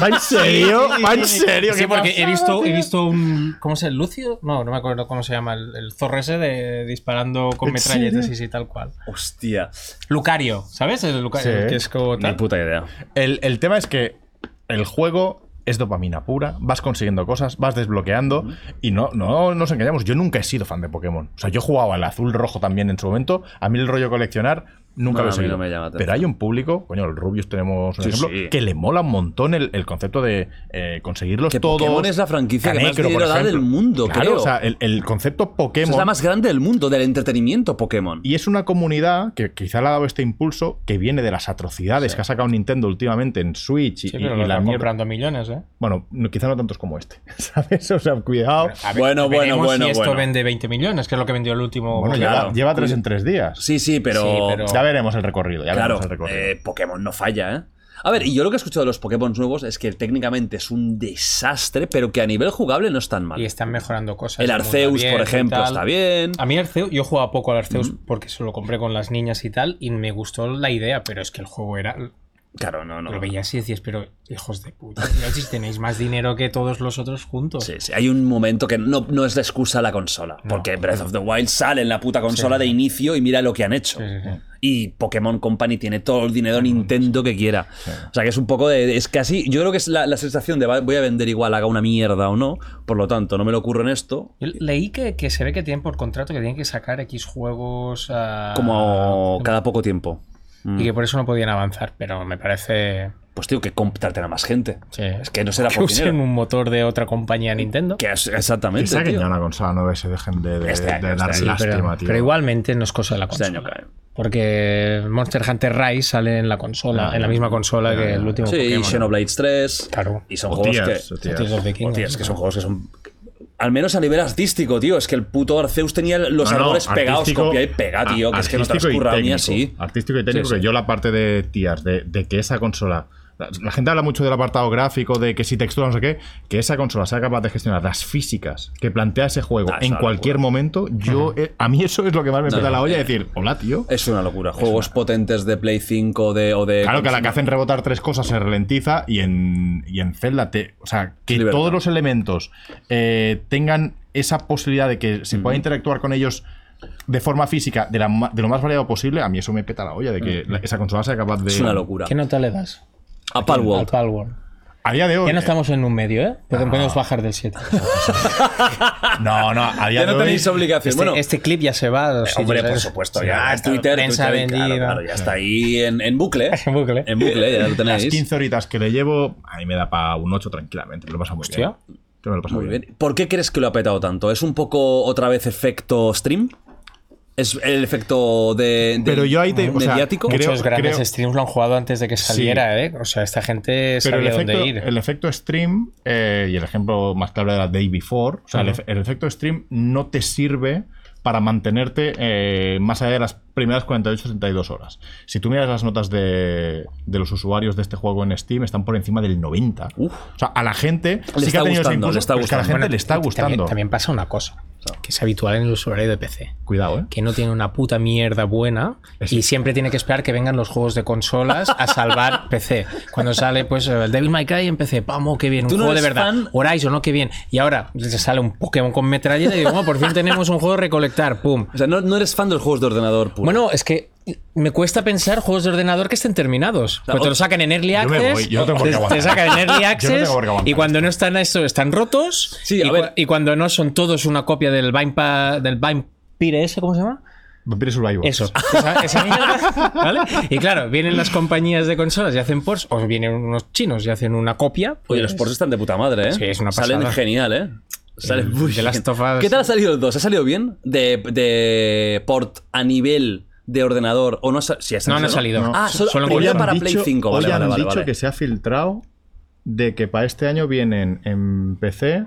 [SPEAKER 2] ¿Va en serio? ¿Va en serio?
[SPEAKER 3] Sí,
[SPEAKER 2] ¿Qué
[SPEAKER 3] porque he
[SPEAKER 2] pasada,
[SPEAKER 3] visto, he
[SPEAKER 2] tío?
[SPEAKER 3] visto un. ¿Cómo se llama? ¿Lucio? No, no me acuerdo cómo se llama. El, el zorro ese de, disparando con
[SPEAKER 2] ¿En
[SPEAKER 3] metralletas
[SPEAKER 2] serio?
[SPEAKER 3] y sí, tal cual.
[SPEAKER 1] Hostia,
[SPEAKER 3] Lucario, ¿sabes? El Lucario,
[SPEAKER 2] Sí.
[SPEAKER 3] el que es como
[SPEAKER 1] ni
[SPEAKER 3] tal.
[SPEAKER 1] puta idea.
[SPEAKER 2] El, el tema es que el juego es dopamina pura, vas consiguiendo cosas, vas desbloqueando y no, no nos engañamos, yo nunca he sido fan de Pokémon. O sea, yo jugaba al azul rojo también en su momento, a mí el rollo coleccionar nunca
[SPEAKER 1] No,
[SPEAKER 2] lo
[SPEAKER 1] a mí
[SPEAKER 2] he seguido.
[SPEAKER 1] no me llama tanto.
[SPEAKER 2] Pero hay un público, coño, el Rubius tenemos un
[SPEAKER 1] Sí,
[SPEAKER 2] ejemplo,
[SPEAKER 1] sí.
[SPEAKER 2] que le mola un montón el, el concepto de eh, conseguirlos
[SPEAKER 1] Que
[SPEAKER 2] todos.
[SPEAKER 1] Pokémon es la franquicia que más
[SPEAKER 2] Canecro, por
[SPEAKER 1] dinero da del
[SPEAKER 2] ejemplo.
[SPEAKER 1] mundo,
[SPEAKER 2] Claro,
[SPEAKER 1] creo.
[SPEAKER 2] o sea, el, el concepto Pokémon...
[SPEAKER 1] es la más grande del mundo, del entretenimiento Pokémon.
[SPEAKER 2] Y es una comunidad que quizá le ha dado este impulso que viene de las atrocidades que ha sacado Nintendo últimamente en Switch y,
[SPEAKER 3] Sí,
[SPEAKER 2] y-
[SPEAKER 3] pero
[SPEAKER 2] y
[SPEAKER 3] lo
[SPEAKER 2] la
[SPEAKER 3] están
[SPEAKER 2] mierda.
[SPEAKER 3] comprando a millones, ¿eh?
[SPEAKER 2] Bueno, no- quizá no tantos como este, ¿sabes? O sea, cuidado.
[SPEAKER 3] A
[SPEAKER 1] Bueno, bueno,
[SPEAKER 3] veremos
[SPEAKER 1] bueno,
[SPEAKER 3] si esto
[SPEAKER 1] bueno.
[SPEAKER 3] vende 20 millones, que es lo que vendió el último.
[SPEAKER 2] Bueno,
[SPEAKER 1] claro.
[SPEAKER 2] lleva, lleva tres en tres días.
[SPEAKER 1] Sí, sí, pero,
[SPEAKER 3] Sí, pero-
[SPEAKER 2] Ya veremos el recorrido, ya
[SPEAKER 1] claro,
[SPEAKER 2] veremos el recorrido.
[SPEAKER 1] eh, Pokémon no falla, ¿eh? A ver, y yo lo que he escuchado de los Pokémon nuevos es que técnicamente es un desastre, pero que a nivel jugable no es tan mal.
[SPEAKER 3] Y están mejorando cosas.
[SPEAKER 1] El
[SPEAKER 3] mundo
[SPEAKER 1] Arceus, por
[SPEAKER 3] abierto y
[SPEAKER 1] ejemplo,
[SPEAKER 3] tal. Ah,
[SPEAKER 1] está bien.
[SPEAKER 3] A mí Arceus, yo jugaba poco al Arceus porque se lo compré con las niñas y tal, y me gustó la idea, pero es que el juego era.
[SPEAKER 1] Claro, no, no.
[SPEAKER 3] Lo veías y decías, pero hijos de puta, tío, si tenéis más dinero que todos los otros juntos.
[SPEAKER 1] Sí, sí, hay un momento que no, no es la excusa la consola. Porque Breath of the Wild sale en la puta consola de inicio y mira lo que han hecho.
[SPEAKER 3] Sí, sí, sí.
[SPEAKER 1] Y Pokémon Company tiene todo el dinero Nintendo que quiera. O sea que es un poco de. Es casi. Yo creo que es la, la sensación de va- voy a vender igual, haga una mierda o no. Por lo tanto, no me lo ocurre en esto.
[SPEAKER 3] Yo leí que, que se ve que tienen por contrato que tienen que sacar X juegos ah,
[SPEAKER 1] Como mm. cada poco tiempo.
[SPEAKER 3] y que por eso no podían avanzar, pero me parece
[SPEAKER 1] pues tío, que contraten a más gente.
[SPEAKER 3] Sí.
[SPEAKER 1] Es que no será
[SPEAKER 3] Que
[SPEAKER 1] por
[SPEAKER 3] usen
[SPEAKER 1] dinero.
[SPEAKER 3] un motor de otra compañía Nintendo.
[SPEAKER 1] Que es- exactamente,
[SPEAKER 2] Pensaba que
[SPEAKER 1] este tío.
[SPEAKER 2] ya una consola nueva se dejen de, de,
[SPEAKER 1] Este año,
[SPEAKER 2] de dar
[SPEAKER 1] este año,
[SPEAKER 2] lástima,
[SPEAKER 3] pero,
[SPEAKER 2] tío.
[SPEAKER 3] pero igualmente no es cosa de la
[SPEAKER 1] Este
[SPEAKER 3] consola.
[SPEAKER 1] año cae.
[SPEAKER 3] Porque Monster Hunter Rise sale en la consola,
[SPEAKER 1] Ah.
[SPEAKER 3] en la misma consola que el último
[SPEAKER 1] Sí, y
[SPEAKER 3] Pokémon.
[SPEAKER 1] Xenoblades 3.
[SPEAKER 3] Claro.
[SPEAKER 1] Y son
[SPEAKER 2] O
[SPEAKER 1] juegos
[SPEAKER 2] Tears,
[SPEAKER 1] que.
[SPEAKER 2] o Tears.
[SPEAKER 3] Tears of the Kingdom.
[SPEAKER 1] Hostia, es que son juegos que son. Al menos a nivel artístico, tío. Es que el puto Arceus tenía los
[SPEAKER 2] No, no,
[SPEAKER 1] árboles pegados,
[SPEAKER 2] artístico-
[SPEAKER 1] copia y pega, tío.
[SPEAKER 2] a-
[SPEAKER 1] Que es que no te has
[SPEAKER 2] artístico y
[SPEAKER 1] currado ni
[SPEAKER 2] técnico.
[SPEAKER 1] así.
[SPEAKER 2] Artístico y técnico,
[SPEAKER 1] Sí, sí.
[SPEAKER 2] que yo la parte de Tiers, de, de que esa consola. La, la gente habla mucho del apartado gráfico, de que si textura, no sé qué, que esa consola sea capaz de gestionar las físicas que plantea ese juego
[SPEAKER 1] Ah, es
[SPEAKER 2] en
[SPEAKER 1] una
[SPEAKER 2] cualquier momento. Yo, eh, a mí eso es lo que más me peta
[SPEAKER 1] no,
[SPEAKER 2] la olla:
[SPEAKER 1] eh.
[SPEAKER 2] decir, hola, tío.
[SPEAKER 1] Es una locura. Juegos potentes de Play 5 de, o de.
[SPEAKER 2] Claro que a la que hacen rebotar tres cosas se ralentiza y en, y en Zelda te. O sea, que
[SPEAKER 1] Libertad.
[SPEAKER 2] todos los elementos eh, tengan esa posibilidad de que se
[SPEAKER 1] Mm.
[SPEAKER 2] pueda interactuar con ellos de forma física, de, la ma- de lo más variado posible, a mí eso me peta la olla, de que la- esa consola sea capaz de.
[SPEAKER 1] Mm. Es una locura.
[SPEAKER 3] ¿Qué nota le das
[SPEAKER 1] A Palworld.
[SPEAKER 3] al Palworld?
[SPEAKER 2] A día de hoy.
[SPEAKER 3] Ya no estamos en un medio, ¿eh?
[SPEAKER 1] Ah.
[SPEAKER 3] Podemos podemos bajar del 7.
[SPEAKER 2] No, no, a
[SPEAKER 1] Ya
[SPEAKER 2] día de
[SPEAKER 1] no
[SPEAKER 2] hoy.
[SPEAKER 1] tenéis obligación.
[SPEAKER 3] Este,
[SPEAKER 1] bueno, Eh,
[SPEAKER 3] este clip ya se va. a los sitios,
[SPEAKER 1] hombre, por
[SPEAKER 3] ¿sabes?
[SPEAKER 1] supuesto,
[SPEAKER 3] Sí,
[SPEAKER 1] ya.
[SPEAKER 3] está
[SPEAKER 1] Twitter,
[SPEAKER 3] prensa
[SPEAKER 1] Twitter, claro,
[SPEAKER 3] vendida.
[SPEAKER 1] claro, ya Em, está ahí en, en bucle.
[SPEAKER 3] En ¿eh? bucle.
[SPEAKER 1] En bucle, ya lo
[SPEAKER 2] Las
[SPEAKER 1] tenéis.
[SPEAKER 2] 15 horitas que le llevo, a mí me da para un 8 tranquilamente. Me lo pasa muy
[SPEAKER 3] Hostia.
[SPEAKER 2] bien. Yo me lo paso
[SPEAKER 1] Muy bien. ¿Por qué crees que lo ha petado tanto? ¿Es un poco otra vez efecto stream? ¿Es el efecto de, de-
[SPEAKER 2] Pero yo ahí te- o sea,
[SPEAKER 1] mediático?
[SPEAKER 2] creo-
[SPEAKER 3] Muchos grandes
[SPEAKER 2] creo-
[SPEAKER 3] streams lo han jugado antes de que saliera, ¿eh? O sea, esta gente
[SPEAKER 2] Pero el
[SPEAKER 3] sabía
[SPEAKER 2] efecto,
[SPEAKER 3] dónde ir.
[SPEAKER 2] el efecto stream, eh, y el ejemplo más claro era Day Before, o sea, el, efe- el efecto stream no te sirve para mantenerte eh, más allá de las primeras 48-72 horas. Si tú miras las notas de, de los usuarios de este juego en Steam, están por encima del 90.
[SPEAKER 1] Uf.
[SPEAKER 2] O sea, a la gente
[SPEAKER 1] Le
[SPEAKER 2] sí que
[SPEAKER 1] está
[SPEAKER 2] ha tenido ese
[SPEAKER 1] gustando,
[SPEAKER 2] impulso,
[SPEAKER 1] le está
[SPEAKER 2] pero es que a la gente
[SPEAKER 1] gustando.
[SPEAKER 2] le está
[SPEAKER 3] Bueno,
[SPEAKER 2] gustando.
[SPEAKER 3] También, también pasa una cosa, que es habitual en el usuario de PC.
[SPEAKER 2] Cuidado, ¿eh?
[SPEAKER 3] Que no tiene una puta mierda buena y siempre tiene que esperar que vengan los juegos de consolas a salvar PC. Cuando sale, pues, el Devil May Cry en PC, ¡pamo, qué bien! Un
[SPEAKER 1] Tú no
[SPEAKER 3] juego de
[SPEAKER 1] eres
[SPEAKER 3] verdad.
[SPEAKER 1] fan-
[SPEAKER 3] Horizon, ¿no? ¡Qué bien! Y ahora se sale un Pokémon con metralleta y digo, "Oh, por fin tenemos un juego de recolectar! ¡Pum!
[SPEAKER 1] O sea, no, no eres fan de los juegos de ordenador puro.
[SPEAKER 3] Bueno, es que me cuesta pensar juegos de ordenador que estén terminados. Porque te lo sacan en Early
[SPEAKER 2] Yo me
[SPEAKER 3] Access.
[SPEAKER 2] voy, yo no tengo por
[SPEAKER 3] te,
[SPEAKER 2] qué aguantar.
[SPEAKER 3] te sacan en Early Access.
[SPEAKER 2] por qué aguantar
[SPEAKER 3] y cuando no están eso, están rotos.
[SPEAKER 1] Sí,
[SPEAKER 3] y,
[SPEAKER 1] a
[SPEAKER 3] cua-
[SPEAKER 1] ver.
[SPEAKER 3] y cuando no son todos una copia del Vampire, del Vampire ese, ¿cómo se llama?
[SPEAKER 2] Vampire Survivors.
[SPEAKER 3] Eso. Esa, esa mierda, ¿vale? Y claro, vienen las compañías de consolas y hacen ports, o vienen unos chinos y hacen una copia. pues,
[SPEAKER 1] Oye, los ports están de puta madre, ¿eh?
[SPEAKER 3] Sí, es una
[SPEAKER 1] Salen
[SPEAKER 3] pasada.
[SPEAKER 1] genial, ¿eh? Salen muy
[SPEAKER 3] The Last
[SPEAKER 1] bien.
[SPEAKER 3] of Us-
[SPEAKER 1] ¿Qué tal ha salido el 2? ¿Ha salido bien? ¿De, de port a nivel de ordenador? ¿O no ha, sa- sí, ha
[SPEAKER 3] No,
[SPEAKER 1] salido,
[SPEAKER 3] no ha salido.
[SPEAKER 1] Ah, solo,
[SPEAKER 3] Solo en
[SPEAKER 1] primero
[SPEAKER 3] Wii.
[SPEAKER 1] para Play 5. Vale,
[SPEAKER 2] hoy
[SPEAKER 1] vale,
[SPEAKER 2] han
[SPEAKER 1] vale,
[SPEAKER 2] dicho
[SPEAKER 1] vale.
[SPEAKER 2] que se ha filtrado de que para este año vienen en PC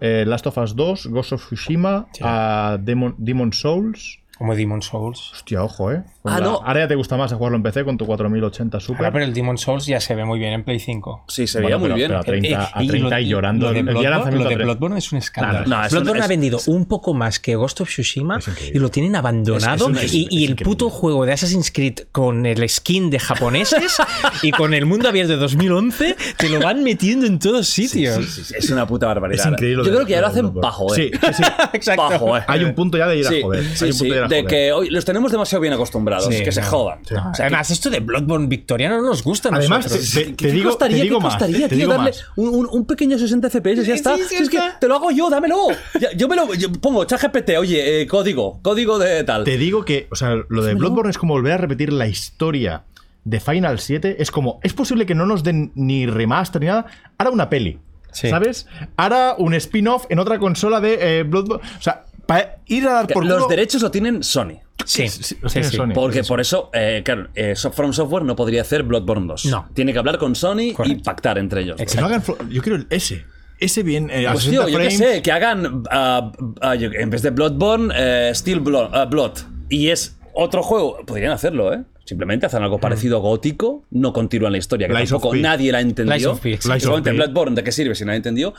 [SPEAKER 2] eh, Last of Us 2, Ghost of Tsushima, a Demon, Demon Souls.
[SPEAKER 3] Como Demon Souls.
[SPEAKER 2] Hostia, ojo, eh. Con
[SPEAKER 1] Ah,
[SPEAKER 2] la-
[SPEAKER 1] no.
[SPEAKER 2] Ahora ya te gusta más jugarlo en PC con tu 4080 Super.
[SPEAKER 3] Ahora, pero el Demon Souls ya se ve muy bien en Play 5.
[SPEAKER 1] Sí, se veía
[SPEAKER 2] Bueno,
[SPEAKER 1] muy
[SPEAKER 2] pero-
[SPEAKER 1] bien.
[SPEAKER 2] pero a 30,
[SPEAKER 3] Eh,
[SPEAKER 2] a 30 y,
[SPEAKER 3] lo-
[SPEAKER 2] llorando.
[SPEAKER 3] Lo de,
[SPEAKER 2] El día de
[SPEAKER 3] Bloodborne,
[SPEAKER 2] lanzamiento
[SPEAKER 3] lo de
[SPEAKER 2] tres.
[SPEAKER 3] Bloodborne es un escándalo.
[SPEAKER 1] Nada, no, es
[SPEAKER 3] Bloodborne
[SPEAKER 1] un-
[SPEAKER 3] ha
[SPEAKER 1] es-
[SPEAKER 3] vendido un poco más que Ghost of Tsushima y lo tienen abandonado.
[SPEAKER 2] Es- es un-
[SPEAKER 3] y,
[SPEAKER 2] es
[SPEAKER 3] y el
[SPEAKER 2] increíble.
[SPEAKER 3] puto juego de Assassin's Creed con el skin de japoneses y con el mundo abierto de 2011 te lo van metiendo en todos sitios.
[SPEAKER 1] Sí, sí, es una puta barbaridad.
[SPEAKER 2] Es increíble.
[SPEAKER 1] Yo
[SPEAKER 2] de-
[SPEAKER 1] creo que ya lo hacen
[SPEAKER 2] Bloodborne.
[SPEAKER 1] bajo, ¿eh?
[SPEAKER 2] Sí, sí, sí.
[SPEAKER 1] Exacto.
[SPEAKER 2] Hay un punto ya de ir a
[SPEAKER 1] Sí,
[SPEAKER 2] joder.
[SPEAKER 1] sí,
[SPEAKER 2] Hay un
[SPEAKER 1] sí,
[SPEAKER 2] punto ya
[SPEAKER 1] de
[SPEAKER 2] joder.
[SPEAKER 1] que hoy los tenemos demasiado bien acostumbrados,
[SPEAKER 3] Sí,
[SPEAKER 1] que se
[SPEAKER 3] no.
[SPEAKER 1] jodan.
[SPEAKER 3] O sea, además, esto de Bloodborne victoriano no nos gusta. a
[SPEAKER 2] Además,
[SPEAKER 3] nosotros.
[SPEAKER 2] te, te- te
[SPEAKER 1] ¿Qué
[SPEAKER 2] digo,
[SPEAKER 1] costaría,
[SPEAKER 2] te digo
[SPEAKER 1] qué
[SPEAKER 2] más.
[SPEAKER 1] costaría,
[SPEAKER 2] te
[SPEAKER 1] tío,
[SPEAKER 2] digo
[SPEAKER 1] darle
[SPEAKER 2] más.
[SPEAKER 1] un, un- un pequeño 60 FPS y ya está?
[SPEAKER 3] sí,
[SPEAKER 1] Si es que
[SPEAKER 3] está.
[SPEAKER 1] te lo hago yo, dámelo. Ya- yo me lo yo pongo, ChatGPT, oye, eh, código, código de tal.
[SPEAKER 2] Te digo que, o sea, lo de Bloodborne es como volver a repetir la historia de Final 7. Es como, es posible que no nos den ni remaster ni nada. Ahora una peli,
[SPEAKER 3] Sí.
[SPEAKER 2] ¿sabes? Ahora un spin-off en otra consola de eh, Bloodborne. O sea, para ir a dar
[SPEAKER 1] Que
[SPEAKER 2] por
[SPEAKER 1] los
[SPEAKER 2] culo-
[SPEAKER 1] derechos lo tienen Sony.
[SPEAKER 3] sí,
[SPEAKER 2] Sí,
[SPEAKER 3] sí,
[SPEAKER 2] los tiene
[SPEAKER 3] sí.
[SPEAKER 2] Sony.
[SPEAKER 1] Porque por eso, eh, claro, eh, So- From Software no podría hacer Bloodborne 2.
[SPEAKER 3] No.
[SPEAKER 1] Tiene que hablar con Sony y
[SPEAKER 3] Correcto.
[SPEAKER 1] pactar entre ellos.
[SPEAKER 2] Que no hagan flo- Yo quiero el S. Ese bien, eh, a
[SPEAKER 1] Pues
[SPEAKER 2] 60
[SPEAKER 1] tío, yo qué
[SPEAKER 2] frames.
[SPEAKER 1] sé, que hagan ah, ah, yo- en vez de Bloodborne, eh, Steel Blo- ah, Blood. Y es otro juego. Podrían hacerlo, ¿eh? Simplemente hacen
[SPEAKER 3] Mm.
[SPEAKER 1] algo parecido a gótico, no continúan la historia, que
[SPEAKER 2] Lies of
[SPEAKER 1] tampoco
[SPEAKER 2] P.
[SPEAKER 1] nadie la
[SPEAKER 3] Lies
[SPEAKER 1] entendió.
[SPEAKER 3] of P, exacto.
[SPEAKER 2] Lies of
[SPEAKER 1] Igualmente,
[SPEAKER 2] P.
[SPEAKER 1] Bloodborne, ¿de qué sirve si nadie entendió?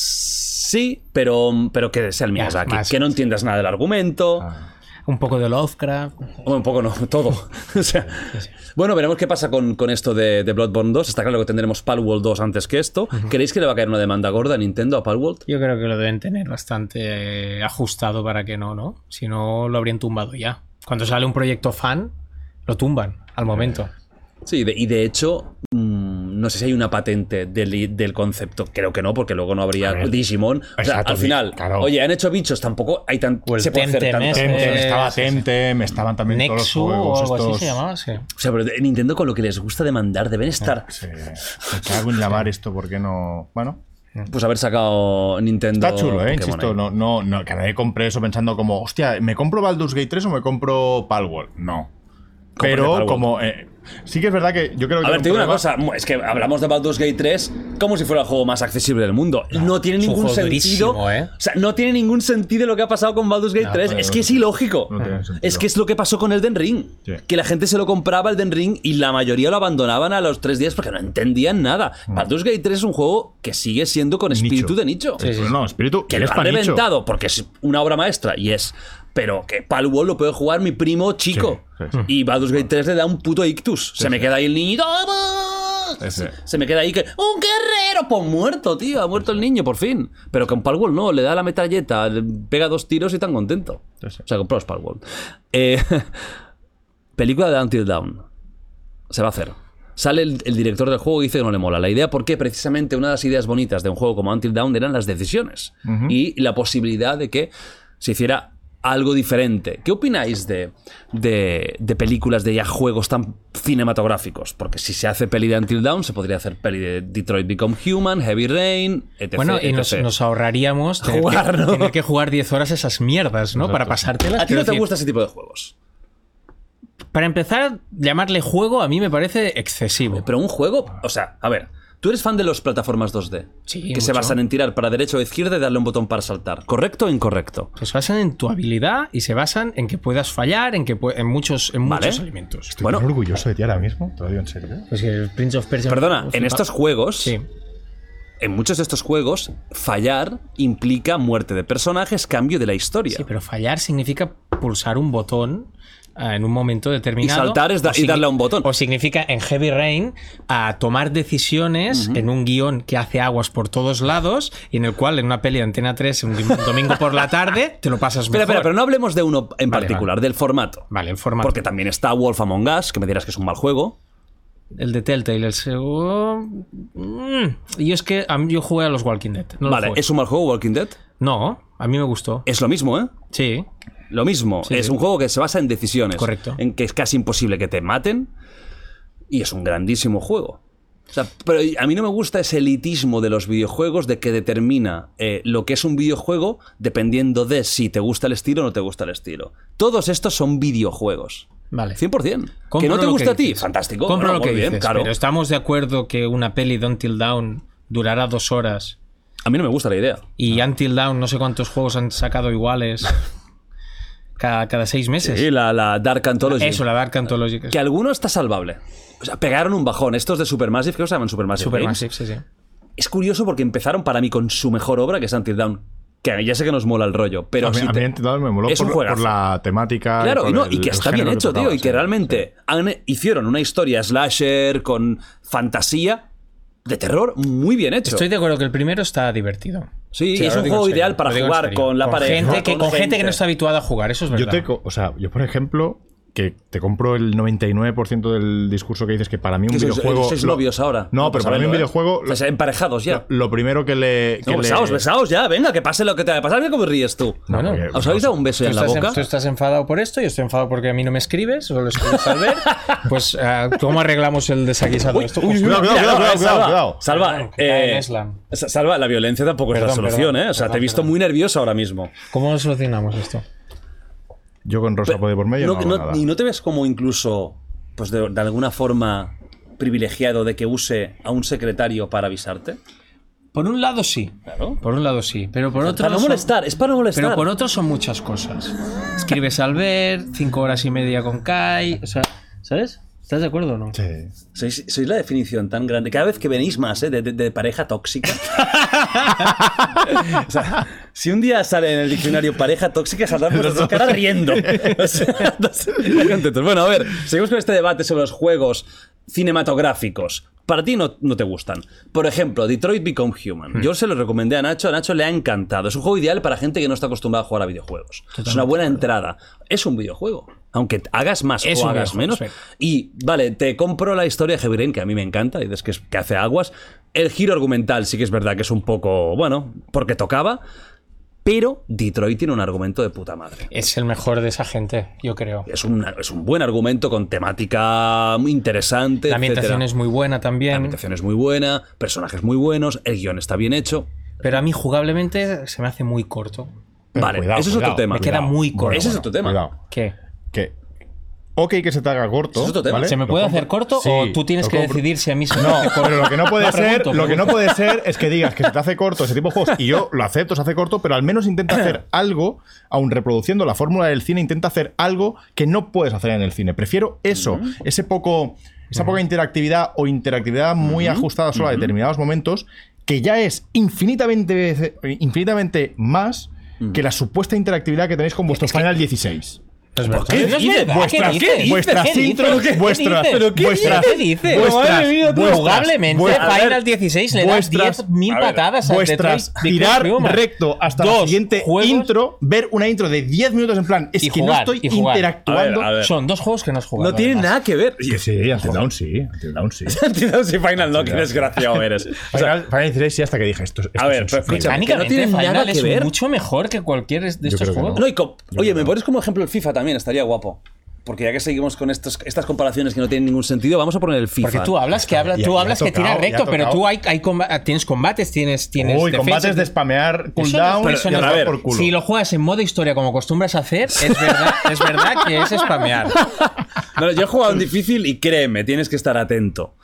[SPEAKER 1] Sí, pero, pero que sea el mismo.
[SPEAKER 3] Ya,
[SPEAKER 1] o sea, que,
[SPEAKER 3] más. Ah.
[SPEAKER 1] que no entiendas nada del argumento.
[SPEAKER 3] Un poco de Lovecraft.
[SPEAKER 1] Bueno, un poco no, todo. O sea, bueno, veremos qué pasa con, con esto de, de Bloodborne 2. Está claro que tendremos Palworld 2 antes que esto. ¿Creéis que le va a caer una demanda gorda a Nintendo a Palworld?
[SPEAKER 3] Yo creo que lo deben tener bastante eh, ajustado para que no, ¿no? Si no, lo habrían tumbado ya. Cuando sale
[SPEAKER 2] Eh,
[SPEAKER 3] un proyecto fan, lo tumban al momento.
[SPEAKER 1] Sí, de- y de hecho, mm, no sé si hay una patente del, del concepto. Creo que no, porque luego no habría
[SPEAKER 2] ver.
[SPEAKER 1] Digimon. O sea,
[SPEAKER 2] Exacto,
[SPEAKER 1] al final,
[SPEAKER 2] claro. Pues
[SPEAKER 1] oye, han hecho bichos, tampoco hay tan.
[SPEAKER 3] O el
[SPEAKER 1] se puede hacer
[SPEAKER 3] Temtem
[SPEAKER 1] tantas
[SPEAKER 3] ese.
[SPEAKER 1] cosas.
[SPEAKER 2] Temtem,
[SPEAKER 3] Eh,
[SPEAKER 2] estaba
[SPEAKER 3] sí, sí.
[SPEAKER 2] Temtem, estaban también todos
[SPEAKER 3] Nexu
[SPEAKER 2] los
[SPEAKER 3] o
[SPEAKER 2] juegos
[SPEAKER 3] algo
[SPEAKER 2] estos...
[SPEAKER 3] así se llamaba, sí.
[SPEAKER 1] O sea, pero de- Nintendo con lo que les gusta demandar deben estar.
[SPEAKER 2] Sí, me cago en la mar esto, ¿por qué no...? Bueno,
[SPEAKER 1] Pues haber sacado Nintendo.
[SPEAKER 2] está chulo,
[SPEAKER 1] Pokémon
[SPEAKER 2] ¿eh? Insisto,
[SPEAKER 1] ahí.
[SPEAKER 2] no, no, no, que nadie compre eso pensando como, hostia, ¿me compro Baldur's Gate 3 o me compro Palworld? No.
[SPEAKER 1] Cómprate
[SPEAKER 2] Pero
[SPEAKER 1] Palworld.
[SPEAKER 2] como... eh, sí que es verdad que yo creo que...
[SPEAKER 1] A ver,
[SPEAKER 2] un
[SPEAKER 1] te digo una
[SPEAKER 2] problema-
[SPEAKER 1] cosa, es que hablamos de Baldur's Gate 3 como si fuera el juego más accesible del mundo. No tiene
[SPEAKER 3] es un
[SPEAKER 1] ningún
[SPEAKER 3] juego
[SPEAKER 1] sentido.
[SPEAKER 3] durísimo, ¿eh?
[SPEAKER 1] O sea, no tiene ningún sentido lo que ha pasado con Baldur's Gate 3.
[SPEAKER 2] pero-
[SPEAKER 1] Es que es ilógico.
[SPEAKER 2] No tiene sentido.
[SPEAKER 1] es que es lo que pasó con Elden Ring.
[SPEAKER 2] Sí.
[SPEAKER 1] Que la gente se lo compraba Elden Ring y la mayoría lo abandonaban a los tres días porque no entendían nada.
[SPEAKER 2] Mm.
[SPEAKER 1] Baldur's Gate 3 es un juego que sigue siendo con espíritu de nicho.
[SPEAKER 2] Sí, sí, sí. No, espíritu...
[SPEAKER 1] Que
[SPEAKER 2] eres
[SPEAKER 1] lo ha
[SPEAKER 2] panicho.
[SPEAKER 1] reventado porque es una obra maestra y es. Pero que Palworld lo puede jugar mi primo chico.
[SPEAKER 2] Sí, sí, sí.
[SPEAKER 1] Y Baldur's Gate 3 le da un puto ictus. se me queda ahí el niñito.
[SPEAKER 2] Sí, sí.
[SPEAKER 1] Se, se me queda ahí que. ¡Un guerrero! Pues muerto, tío. Ha muerto el niño, por fin. Pero con Palworld no. Le da la metralleta, le pega dos tiros y tan contento.
[SPEAKER 2] Sí, sí.
[SPEAKER 1] O sea, compraos Palworld. Eh, película de Until Down. Se va a hacer. Sale el, el director del juego y dice que no le mola. La idea, porque precisamente una de las ideas bonitas de un juego como Until Down eran las decisiones y la posibilidad de que se hiciera algo diferente. ¿Qué opináis de, de, de películas de ya juegos tan cinematográficos? Porque si se hace peli de Until Down, se podría hacer peli de Detroit Become Human, Heavy Rain, etc.
[SPEAKER 3] Bueno, y nos,
[SPEAKER 1] etc..
[SPEAKER 3] nos ahorraríamos tener,
[SPEAKER 1] Jugar,
[SPEAKER 3] que,
[SPEAKER 1] ¿no?
[SPEAKER 3] tener que jugar 10 horas esas mierdas, ¿no? Para pasártelas.
[SPEAKER 1] ¿A ti no
[SPEAKER 3] Quiero
[SPEAKER 1] te
[SPEAKER 3] decir,
[SPEAKER 1] gusta ese tipo de juegos?
[SPEAKER 3] Para empezar, llamarle juego a mí me parece excesivo.
[SPEAKER 1] Eh, Pero un juego, o sea, a ver, tú eres fan de las plataformas 2D,
[SPEAKER 3] Sí,
[SPEAKER 1] que
[SPEAKER 3] mucho.
[SPEAKER 1] se basan en tirar para derecha o izquierda y darle un botón para saltar, ¿correcto o incorrecto?
[SPEAKER 3] Pues se basan en tu habilidad y se basan en que puedas fallar, en que pue- en muchos, en
[SPEAKER 1] Vale.
[SPEAKER 3] muchos elementos.
[SPEAKER 2] Estoy
[SPEAKER 1] Bueno.
[SPEAKER 2] tan orgulloso de ti ahora mismo, te lo digo en serio. ¿eh?
[SPEAKER 3] Pues que el Prince of Persia.
[SPEAKER 1] Perdona,
[SPEAKER 3] Uf,
[SPEAKER 1] en
[SPEAKER 3] pa-
[SPEAKER 1] estos juegos,
[SPEAKER 3] pues Sí.
[SPEAKER 1] en muchos de estos juegos, fallar implica muerte de personajes, cambio de la historia.
[SPEAKER 3] Sí, pero fallar significa pulsar un botón ah, en un momento determinado.
[SPEAKER 1] Y saltar es da-
[SPEAKER 3] O
[SPEAKER 1] y
[SPEAKER 3] signi-
[SPEAKER 1] darle a un botón.
[SPEAKER 3] O significa en Heavy Rain a tomar decisiones en un guión que hace aguas por todos lados y en el cual en una peli de Antena 3 un dim- domingo por la tarde te lo pasas
[SPEAKER 1] Espera,
[SPEAKER 3] mejor.
[SPEAKER 1] espera, pero no hablemos de uno en
[SPEAKER 3] Vale,
[SPEAKER 1] particular, del formato.
[SPEAKER 3] Vale, el formato.
[SPEAKER 1] Porque también está Wolf Among Us, que me dirás que es un mal juego.
[SPEAKER 3] El de Telltale, el segundo... Y es que a mí- yo jugué a los Walking Dead. No lo
[SPEAKER 1] vale,
[SPEAKER 3] jugué.
[SPEAKER 1] ¿es un mal juego Walking Dead?
[SPEAKER 3] No, a mí me gustó.
[SPEAKER 1] Es lo mismo, ¿eh?
[SPEAKER 3] Sí.
[SPEAKER 1] Lo mismo.
[SPEAKER 3] Sí,
[SPEAKER 1] es
[SPEAKER 3] sí.
[SPEAKER 1] un juego que se basa en decisiones.
[SPEAKER 3] Correcto.
[SPEAKER 1] En que es casi imposible que te maten. Y es un grandísimo juego. O sea, pero a mí no me gusta ese elitismo de los videojuegos de que determina eh, lo que es un videojuego dependiendo de si te gusta el estilo o no te gusta el estilo. Todos estos son videojuegos.
[SPEAKER 3] Vale.
[SPEAKER 1] 100%. que
[SPEAKER 3] Compro
[SPEAKER 1] no te
[SPEAKER 3] lo
[SPEAKER 1] gusta a ti,
[SPEAKER 3] dices.
[SPEAKER 1] fantástico.
[SPEAKER 3] Compro
[SPEAKER 1] Bueno,
[SPEAKER 3] lo que
[SPEAKER 1] muy bien,
[SPEAKER 3] dices,
[SPEAKER 1] claro.
[SPEAKER 3] pero estamos de acuerdo que una peli de Until Down durará dos horas
[SPEAKER 1] A mí no me gusta la idea.
[SPEAKER 3] y Until Down no sé cuántos juegos han sacado iguales cada, cada seis meses.
[SPEAKER 1] Sí, la, la Dark Anthology.
[SPEAKER 3] Eso, la Dark Anthology. que es
[SPEAKER 1] Que alguno está salvable. O sea, pegaron un bajón. Estos de Supermassive, que se llaman Supermassive Games?
[SPEAKER 3] Supermassive, sí, sí.
[SPEAKER 1] Es curioso porque empezaron para mí con su mejor obra, que es Until Down. Que ya sé que nos mola el rollo, pero
[SPEAKER 2] a mí,
[SPEAKER 1] si
[SPEAKER 2] a
[SPEAKER 1] te-
[SPEAKER 2] mí Until Dawn me moló
[SPEAKER 1] Es un
[SPEAKER 2] por, por
[SPEAKER 1] juegazo.
[SPEAKER 2] la temática.
[SPEAKER 1] Claro,
[SPEAKER 2] por
[SPEAKER 1] y, no,
[SPEAKER 2] el-
[SPEAKER 1] y que
[SPEAKER 2] el
[SPEAKER 1] está
[SPEAKER 2] género
[SPEAKER 1] bien hecho,
[SPEAKER 2] tocaba,
[SPEAKER 1] tío. Y
[SPEAKER 2] sí,
[SPEAKER 1] que realmente han- hicieron una historia slasher con fantasía de terror muy bien hecho.
[SPEAKER 3] Estoy de acuerdo que el primero está divertido.
[SPEAKER 1] Sí, y es
[SPEAKER 3] ahora
[SPEAKER 1] un
[SPEAKER 3] digo
[SPEAKER 1] juego
[SPEAKER 3] en serio,
[SPEAKER 1] ideal para
[SPEAKER 3] lo digo en
[SPEAKER 1] jugar
[SPEAKER 3] serio.
[SPEAKER 1] con la pareja,
[SPEAKER 3] Gente que,
[SPEAKER 1] con
[SPEAKER 3] con, gente.
[SPEAKER 1] gente.
[SPEAKER 3] que no está habituada a jugar, eso es
[SPEAKER 2] Yo
[SPEAKER 3] verdad.
[SPEAKER 2] te, co- o sea, yo por ejemplo, que te compro el 99% del discurso que dices que para mí un
[SPEAKER 1] Que sois-
[SPEAKER 2] videojuego.
[SPEAKER 1] sois
[SPEAKER 2] lo-
[SPEAKER 1] novios ahora.
[SPEAKER 2] No, pero
[SPEAKER 1] Pues
[SPEAKER 2] para mí un
[SPEAKER 1] saberlo, ¿eh?
[SPEAKER 2] videojuego.
[SPEAKER 1] O sea, emparejados ya.
[SPEAKER 2] Lo, lo primero que le.
[SPEAKER 1] No,
[SPEAKER 2] Que le-
[SPEAKER 1] besaos, besaos ya, venga, que pase lo que te va a pasar, mira cómo ríes tú.
[SPEAKER 2] No,
[SPEAKER 3] Bueno,
[SPEAKER 2] porque-
[SPEAKER 1] ¿Os habéis dado un beso ya en la
[SPEAKER 3] estás,
[SPEAKER 1] boca?
[SPEAKER 3] tú estás enfadado por esto, yo estoy enfadado porque a mí no me escribes, solo escribes al ver. Pues, ah, ¿cómo arreglamos el desaguisado? Esto
[SPEAKER 2] uy,
[SPEAKER 1] Mira,
[SPEAKER 2] cuidado, cuidado,
[SPEAKER 1] mira,
[SPEAKER 2] cuidado,
[SPEAKER 1] Salva,
[SPEAKER 2] cuidado.
[SPEAKER 1] Salva,
[SPEAKER 3] Perdón, que cae en
[SPEAKER 1] eh,
[SPEAKER 3] Islam.
[SPEAKER 1] sa- Salva, la violencia tampoco es la
[SPEAKER 3] Perdón,
[SPEAKER 1] solución,
[SPEAKER 3] perdón,
[SPEAKER 1] ¿eh? O sea, te he
[SPEAKER 3] perdón,
[SPEAKER 1] visto
[SPEAKER 3] perdón.
[SPEAKER 1] muy nervioso ahora mismo.
[SPEAKER 3] ¿Cómo lo solucionamos esto?
[SPEAKER 2] Yo con Rosa por ahí por medio.
[SPEAKER 1] No-
[SPEAKER 2] No, hago
[SPEAKER 1] no-
[SPEAKER 2] nada.
[SPEAKER 1] ¿Y no te ves como incluso, pues de, de alguna forma, privilegiado de que use a un secretario para avisarte?
[SPEAKER 3] Por un lado sí.
[SPEAKER 1] Claro.
[SPEAKER 3] Por un lado sí. Pero por otro
[SPEAKER 1] Para no
[SPEAKER 3] son-
[SPEAKER 1] molestar, es para no molestar.
[SPEAKER 3] Pero por otro son muchas cosas. Escribes al ver, cinco horas y media con Kai. O sea, ¿sabes? ¿Estás de acuerdo o no?
[SPEAKER 2] Sí.
[SPEAKER 1] Sois, sois la definición tan grande. Cada vez que venís más, ¿eh? De, de- de pareja tóxica. o sea, si un día sale en el diccionario pareja tóxica, saldrán vuestras dos caras riendo. O sea, dos- contentos. bueno, a ver, seguimos con este debate sobre los juegos cinematográficos. Para ti no, no te gustan. Por ejemplo, Detroit Become Human. Yo se lo recomendé a Nacho, a Nacho le ha encantado. Es un juego ideal para gente que no está acostumbrada a jugar a videojuegos. es una buena entrada. Es un videojuego. Aunque hagas más
[SPEAKER 3] Es
[SPEAKER 1] o
[SPEAKER 3] un
[SPEAKER 1] hagas
[SPEAKER 3] videojuego,
[SPEAKER 1] menos.
[SPEAKER 3] sí.
[SPEAKER 1] Y vale, te compro la historia de Heavy Rain, que a mí me encanta, dices que, es- que hace aguas. El giro argumental sí que es verdad que es un poco, bueno, porque tocaba, pero Detroit tiene un argumento de puta madre.
[SPEAKER 3] Es el mejor de esa gente, yo creo.
[SPEAKER 1] Es un, es un buen argumento con temática muy interesante.
[SPEAKER 3] La ambientación
[SPEAKER 1] etcétera.
[SPEAKER 3] es muy buena
[SPEAKER 1] La
[SPEAKER 3] también.
[SPEAKER 1] ambientación es muy buena, personajes muy buenos, el guión está bien hecho.
[SPEAKER 3] Pero a mí jugablemente se me hace muy corto.
[SPEAKER 2] Pero
[SPEAKER 1] vale,
[SPEAKER 2] cuidado,
[SPEAKER 1] ese es otro
[SPEAKER 2] cuidado,
[SPEAKER 1] tema.
[SPEAKER 3] Me queda
[SPEAKER 2] cuidado.
[SPEAKER 3] muy corto.
[SPEAKER 1] Ese es otro tema.
[SPEAKER 2] Cuidado.
[SPEAKER 3] ¿Qué?
[SPEAKER 2] Que. Ok, que se te haga corto.
[SPEAKER 1] Es otro tema.
[SPEAKER 2] ¿vale?
[SPEAKER 3] ¿Se me
[SPEAKER 2] Lo
[SPEAKER 3] puede
[SPEAKER 2] compro.
[SPEAKER 3] hacer corto
[SPEAKER 2] Sí,
[SPEAKER 3] o tú tienes
[SPEAKER 2] lo
[SPEAKER 3] que
[SPEAKER 2] compro.
[SPEAKER 3] decidir si a mí se me
[SPEAKER 2] No,
[SPEAKER 3] hace corto?
[SPEAKER 2] pero lo que no puede
[SPEAKER 3] No,
[SPEAKER 2] ser,
[SPEAKER 3] pregunto,
[SPEAKER 2] lo que no puede
[SPEAKER 3] pregunto.
[SPEAKER 2] ser es que digas que se te hace corto ese tipo de juegos y yo lo acepto, se hace corto, pero al menos intenta hacer algo, aun reproduciendo la fórmula del cine, intenta hacer algo que no puedes hacer en el cine. Prefiero eso, ese poco, esa poca interactividad o interactividad muy ajustada solo a determinados momentos, que ya es infinitamente, vece- infinitamente más que la supuesta interactividad que tenéis con vuestros Final 16.
[SPEAKER 1] ¿Qué
[SPEAKER 3] No es
[SPEAKER 1] dices?
[SPEAKER 3] verdad,
[SPEAKER 2] Vuestras,
[SPEAKER 3] ¿qué dices?
[SPEAKER 2] vuestras
[SPEAKER 3] ¿Qué
[SPEAKER 2] intros,
[SPEAKER 3] dices?
[SPEAKER 2] vuestras,
[SPEAKER 3] ¿Qué dices?
[SPEAKER 2] vuestras,
[SPEAKER 3] ¿Qué dices?
[SPEAKER 2] vuestras,
[SPEAKER 3] Madre mía, tú
[SPEAKER 2] vuestras,
[SPEAKER 3] jugablemente,
[SPEAKER 2] vuestras-
[SPEAKER 3] Final 16 le das
[SPEAKER 2] vuestras-
[SPEAKER 3] 10.000
[SPEAKER 2] a ver,
[SPEAKER 3] patadas al
[SPEAKER 2] vuestras,
[SPEAKER 3] Detroit Become
[SPEAKER 2] tirar
[SPEAKER 3] Human.
[SPEAKER 2] recto hasta la
[SPEAKER 3] Dos
[SPEAKER 2] siguiente
[SPEAKER 3] juegos-
[SPEAKER 2] intro, ver una intro de 10 minutos en plan, es
[SPEAKER 3] Y
[SPEAKER 2] que
[SPEAKER 3] jugar,
[SPEAKER 2] no estoy
[SPEAKER 3] y jugar.
[SPEAKER 2] interactuando.
[SPEAKER 1] A ver.
[SPEAKER 3] Son dos juegos que no has jugado.
[SPEAKER 1] No tiene
[SPEAKER 3] además.
[SPEAKER 1] nada que ver.
[SPEAKER 2] Que sí, Antidown sí, Antidown sí.
[SPEAKER 1] Antidown y Final no, qué desgraciado eres. O sea,
[SPEAKER 2] Final, Final 16 sí hasta que dije esto. es- esto
[SPEAKER 1] A ver,
[SPEAKER 2] es
[SPEAKER 1] pero
[SPEAKER 2] insufrible.
[SPEAKER 1] escúchame. que
[SPEAKER 3] Mecánicamente,
[SPEAKER 1] no tiene
[SPEAKER 3] Final
[SPEAKER 1] nada que
[SPEAKER 3] es
[SPEAKER 1] ver.
[SPEAKER 3] mucho mejor que cualquier de
[SPEAKER 2] Yo
[SPEAKER 3] estos
[SPEAKER 2] creo que
[SPEAKER 3] juegos.
[SPEAKER 1] no, y co- oye, me pones como ejemplo el FIFA también, estaría guapo. Porque ya que seguimos con estos- estas comparaciones que no tienen ningún sentido, vamos a poner el FIFA.
[SPEAKER 3] Porque tú hablas que habla,
[SPEAKER 2] ya-
[SPEAKER 3] tú
[SPEAKER 2] ya
[SPEAKER 3] hablas
[SPEAKER 2] ha
[SPEAKER 3] que tira
[SPEAKER 2] tocado, ya
[SPEAKER 3] recto,
[SPEAKER 2] ha
[SPEAKER 3] pero
[SPEAKER 2] tocado.
[SPEAKER 3] tú hay, hay comba- tienes combates, tienes, tienes
[SPEAKER 2] Uy,
[SPEAKER 3] defensas,
[SPEAKER 2] combates de spamear cooldown,
[SPEAKER 3] Eso no- eso
[SPEAKER 2] y
[SPEAKER 3] no-
[SPEAKER 2] a
[SPEAKER 1] a ver,
[SPEAKER 2] ver, por culo.
[SPEAKER 3] Si lo juegas en modo historia como acostumbras a hacer, es verdad, es verdad que es spamear.
[SPEAKER 1] No, yo he jugado en difícil y créeme, tienes que estar atento.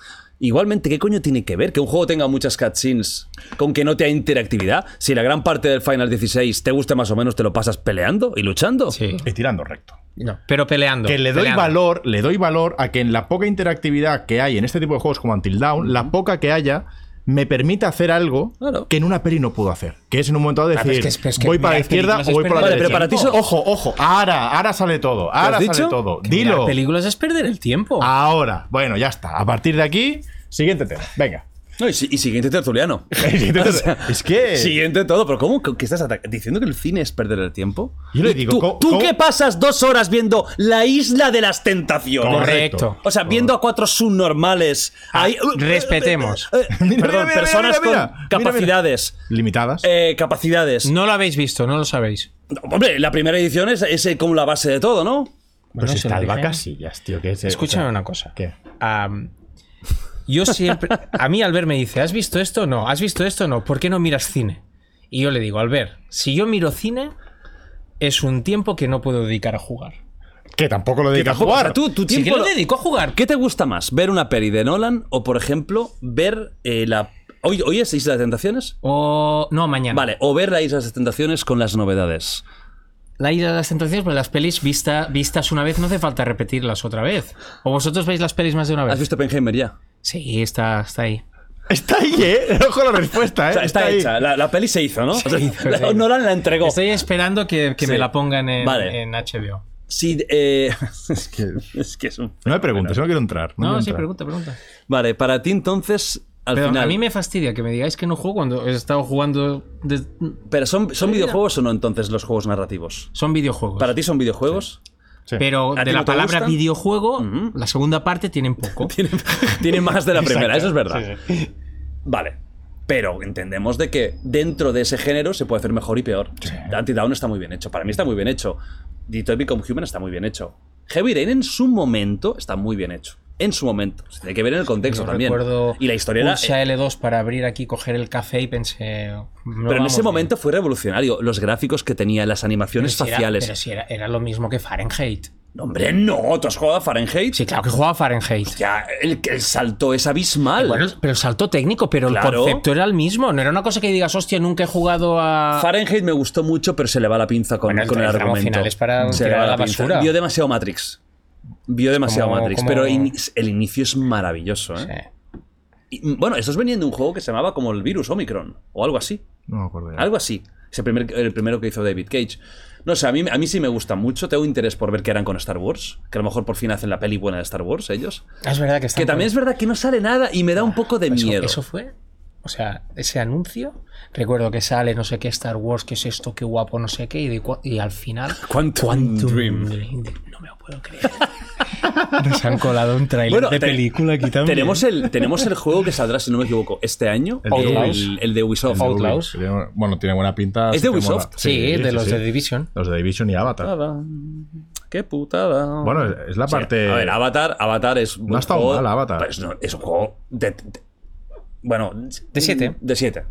[SPEAKER 1] Igualmente, ¿qué coño tiene que ver que un juego tenga muchas cutscenes con que no te haya interactividad? Si la gran parte del Final 16 te gusta más o menos, te lo pasas peleando y luchando.
[SPEAKER 3] Sí.
[SPEAKER 2] Y tirando recto.
[SPEAKER 3] No, pero peleando.
[SPEAKER 2] Que le doy
[SPEAKER 3] peleando.
[SPEAKER 2] valor, le doy valor a que en la poca interactividad que hay en este tipo de juegos como Until Down, la poca que haya, me permite hacer algo
[SPEAKER 1] Claro.
[SPEAKER 2] que en una peli no puedo hacer. Que es en un momento dado
[SPEAKER 3] Ah, pero
[SPEAKER 2] decir,
[SPEAKER 3] es que es- pero es que
[SPEAKER 2] voy para la
[SPEAKER 3] mirar
[SPEAKER 2] izquierda
[SPEAKER 3] películas
[SPEAKER 2] o
[SPEAKER 3] es
[SPEAKER 2] voy para la
[SPEAKER 1] perder
[SPEAKER 2] derecha.
[SPEAKER 1] el tiempo.
[SPEAKER 2] Ojo, ojo, ahora, ahora sale todo. Ahora
[SPEAKER 1] has
[SPEAKER 2] sale
[SPEAKER 1] dicho?
[SPEAKER 2] todo.
[SPEAKER 3] Que mirar
[SPEAKER 2] Dilo.
[SPEAKER 3] películas es perder el tiempo.
[SPEAKER 2] Ahora. Bueno, ya está. A partir de aquí, siguiente tema. Venga.
[SPEAKER 1] No, y, si- y siguiente tertuliano.
[SPEAKER 2] Entonces, es que
[SPEAKER 1] Siguiente todo, pero ¿cómo que que estás ata- diciendo que el cine es perder el tiempo?
[SPEAKER 2] Yo le digo,
[SPEAKER 1] ¿Tú,
[SPEAKER 2] ¿cómo-
[SPEAKER 1] tú
[SPEAKER 2] cómo-
[SPEAKER 1] que pasas dos horas viendo La Isla de las Tentaciones?
[SPEAKER 3] Correcto.
[SPEAKER 1] O sea, viendo a cuatro subnormales. ahí- uh,
[SPEAKER 3] respetemos.
[SPEAKER 1] Eh, eh, eh,
[SPEAKER 2] Mira,
[SPEAKER 1] perdón,
[SPEAKER 2] mira, mira,
[SPEAKER 1] personas
[SPEAKER 2] mira, mira.
[SPEAKER 1] con
[SPEAKER 2] Mira,
[SPEAKER 1] capacidades.
[SPEAKER 2] limitadas.
[SPEAKER 1] eh, capacidades.
[SPEAKER 3] No lo habéis visto, no lo sabéis.
[SPEAKER 1] No, Hombre, la primera edición es, es, eh, como la base de todo, ¿no?
[SPEAKER 2] pero
[SPEAKER 3] bueno,
[SPEAKER 2] Pues si
[SPEAKER 3] se
[SPEAKER 2] está
[SPEAKER 3] lo
[SPEAKER 2] el
[SPEAKER 3] dije.
[SPEAKER 2] Casillas, tío, que es
[SPEAKER 3] Escúchame
[SPEAKER 2] o sea,
[SPEAKER 3] una cosa.
[SPEAKER 2] ¿Qué?
[SPEAKER 3] Am, yo siempre. A mí, Albert me dice: ¿Has visto esto? No. ¿Has visto esto? No. ¿Por qué no miras cine? Y yo le digo: Albert, si yo miro cine, es un tiempo que no puedo dedicar a jugar.
[SPEAKER 2] Que tampoco lo dedica a
[SPEAKER 1] Tampoco- o sea,
[SPEAKER 2] jugar.
[SPEAKER 1] tú, tu
[SPEAKER 3] Sí
[SPEAKER 1] tiempo
[SPEAKER 3] que lo
[SPEAKER 1] lo-
[SPEAKER 3] dedico a jugar.
[SPEAKER 1] ¿Qué te gusta más? ¿Ver una peli de Nolan o, por ejemplo, ver eh, la. ¿Hoy, ¿Hoy es Isla de Tentaciones?
[SPEAKER 3] O. No, mañana.
[SPEAKER 1] Vale, o ver la Isla de las Tentaciones con las novedades.
[SPEAKER 3] La isla de las tentaciones, pero las pelis vista- vistas una vez no hace falta repetirlas otra vez. ¿O vosotros veis las pelis más de una
[SPEAKER 1] ¿Has
[SPEAKER 3] vez?
[SPEAKER 1] visto Penheimer ya?
[SPEAKER 3] Sí, está, está ahí.
[SPEAKER 2] Está ahí, ¿eh? Ojo a la respuesta, ¿eh?
[SPEAKER 1] O sea, está,
[SPEAKER 2] ahí.
[SPEAKER 1] hecha, la, la peli se hizo, ¿no? O sea,
[SPEAKER 3] hizo,
[SPEAKER 1] la-
[SPEAKER 3] sí.
[SPEAKER 1] Nolan la entregó.
[SPEAKER 3] Estoy esperando que, que
[SPEAKER 1] Sí.
[SPEAKER 3] me la pongan en,
[SPEAKER 1] Vale.
[SPEAKER 3] en HBO.
[SPEAKER 1] Sí, eh, es, que, es que es un...
[SPEAKER 2] No me preguntes, no quiero entrar.
[SPEAKER 3] No,
[SPEAKER 2] quiero
[SPEAKER 3] sí,
[SPEAKER 2] entrar.
[SPEAKER 3] pregunta, pregunta.
[SPEAKER 1] Vale, para ti entonces, al
[SPEAKER 3] Pero
[SPEAKER 1] final...
[SPEAKER 3] a mí me fastidia que me digáis que no juego cuando he estado jugando. de-
[SPEAKER 1] Pero son, son videojuegos o no entonces los juegos narrativos?
[SPEAKER 3] Son videojuegos.
[SPEAKER 1] ¿Para ti son videojuegos?
[SPEAKER 2] Sí.
[SPEAKER 3] Pero
[SPEAKER 1] ¿A ti
[SPEAKER 3] de
[SPEAKER 1] no
[SPEAKER 3] la
[SPEAKER 1] te
[SPEAKER 3] palabra
[SPEAKER 1] gustan?
[SPEAKER 3] videojuego, la segunda parte tienen poco.
[SPEAKER 1] Tiene, tiene más de la primera, eso es verdad. Vale. Pero entendemos de que dentro de ese género se puede hacer mejor y peor. Anti-Down está muy bien hecho. Para mí está muy bien hecho. Detroit Become Human está muy bien hecho. Heavy Rain en su momento está muy bien hecho. En su momento. Se tiene que ver en el contexto
[SPEAKER 3] Yo
[SPEAKER 1] también.
[SPEAKER 3] recuerdo
[SPEAKER 1] Y la historia era... eh,
[SPEAKER 3] pulsa L2 para abrir aquí, coger el café y pensé. no
[SPEAKER 1] Pero en
[SPEAKER 3] vamos
[SPEAKER 1] ese
[SPEAKER 3] bien.
[SPEAKER 1] momento fue revolucionario. Los gráficos que tenía, las
[SPEAKER 3] Pero
[SPEAKER 1] animaciones
[SPEAKER 3] si era-
[SPEAKER 1] faciales.
[SPEAKER 3] pero si era, era lo mismo que Fahrenheit.
[SPEAKER 1] No, Hombre, no. ¿Tú has jugado a Fahrenheit?
[SPEAKER 3] Sí, claro que jugaba Fahrenheit.
[SPEAKER 1] Ya, el, el salto es abismal.
[SPEAKER 3] Bueno, pero el salto técnico, pero el
[SPEAKER 1] Claro.
[SPEAKER 3] concepto era el mismo. No era una cosa que digas, hostia, nunca he jugado a.
[SPEAKER 1] Fahrenheit me gustó mucho, pero se le va la pinza con,
[SPEAKER 3] Bueno,
[SPEAKER 1] con
[SPEAKER 3] el
[SPEAKER 1] el,
[SPEAKER 3] tramo
[SPEAKER 1] argumento.
[SPEAKER 3] final es para
[SPEAKER 1] se le
[SPEAKER 3] tirar
[SPEAKER 1] va
[SPEAKER 3] a la
[SPEAKER 1] pinza.
[SPEAKER 3] basura.
[SPEAKER 1] Vio demasiado Matrix. Vio demasiado
[SPEAKER 3] Como-
[SPEAKER 1] Matrix.
[SPEAKER 3] como-
[SPEAKER 1] Pero in- el inicio es maravilloso. ¿eh?
[SPEAKER 3] Eh,
[SPEAKER 1] Y, bueno, estás vendiendo un juego que se llamaba como el virus Omicron o algo así.
[SPEAKER 2] No me acuerdo. ya.
[SPEAKER 1] Algo así. Es el, primer- el primero que hizo David Cage. No sé, a, mí, a mí sí me gusta mucho. Tengo interés por ver qué harán con Star Wars. Que a lo mejor por fin hacen la peli buena de Star Wars ellos.
[SPEAKER 3] Es verdad que está.
[SPEAKER 1] Que también es verdad que no sale nada y me da un poco de
[SPEAKER 3] Eso-
[SPEAKER 1] miedo.
[SPEAKER 3] Eso fue. O sea, ese anuncio, recuerdo que sale no sé qué Star Wars, qué es esto, qué guapo, no sé qué, y, de cua- y al final...
[SPEAKER 1] Quantum Dream.
[SPEAKER 3] No me lo puedo creer. Nos han colado un trailer
[SPEAKER 1] Bueno,
[SPEAKER 3] de
[SPEAKER 1] te-
[SPEAKER 3] película aquí también.
[SPEAKER 1] Tenemos el, tenemos el juego que saldrá, si no me equivoco, este año.
[SPEAKER 2] El de Outlaws.
[SPEAKER 1] el, el de Ubisoft.
[SPEAKER 2] Ubi,
[SPEAKER 3] Outlaws.
[SPEAKER 2] que tiene- Bueno, tiene buena pinta.
[SPEAKER 1] ¿Es
[SPEAKER 2] sí
[SPEAKER 1] de
[SPEAKER 2] que mola.
[SPEAKER 1] Ubisoft?
[SPEAKER 3] Sí, de los
[SPEAKER 2] sí.
[SPEAKER 3] de Division.
[SPEAKER 2] Los de Division y Avatar.
[SPEAKER 1] Putada. Qué putada.
[SPEAKER 2] Bueno, es- es la parte.
[SPEAKER 1] A ver, Avatar, Avatar es un
[SPEAKER 2] No ha estado
[SPEAKER 1] juego-
[SPEAKER 2] mal, Avatar.
[SPEAKER 1] pero es, no- es un juego de, de- bueno,
[SPEAKER 3] De siete.
[SPEAKER 1] De 7.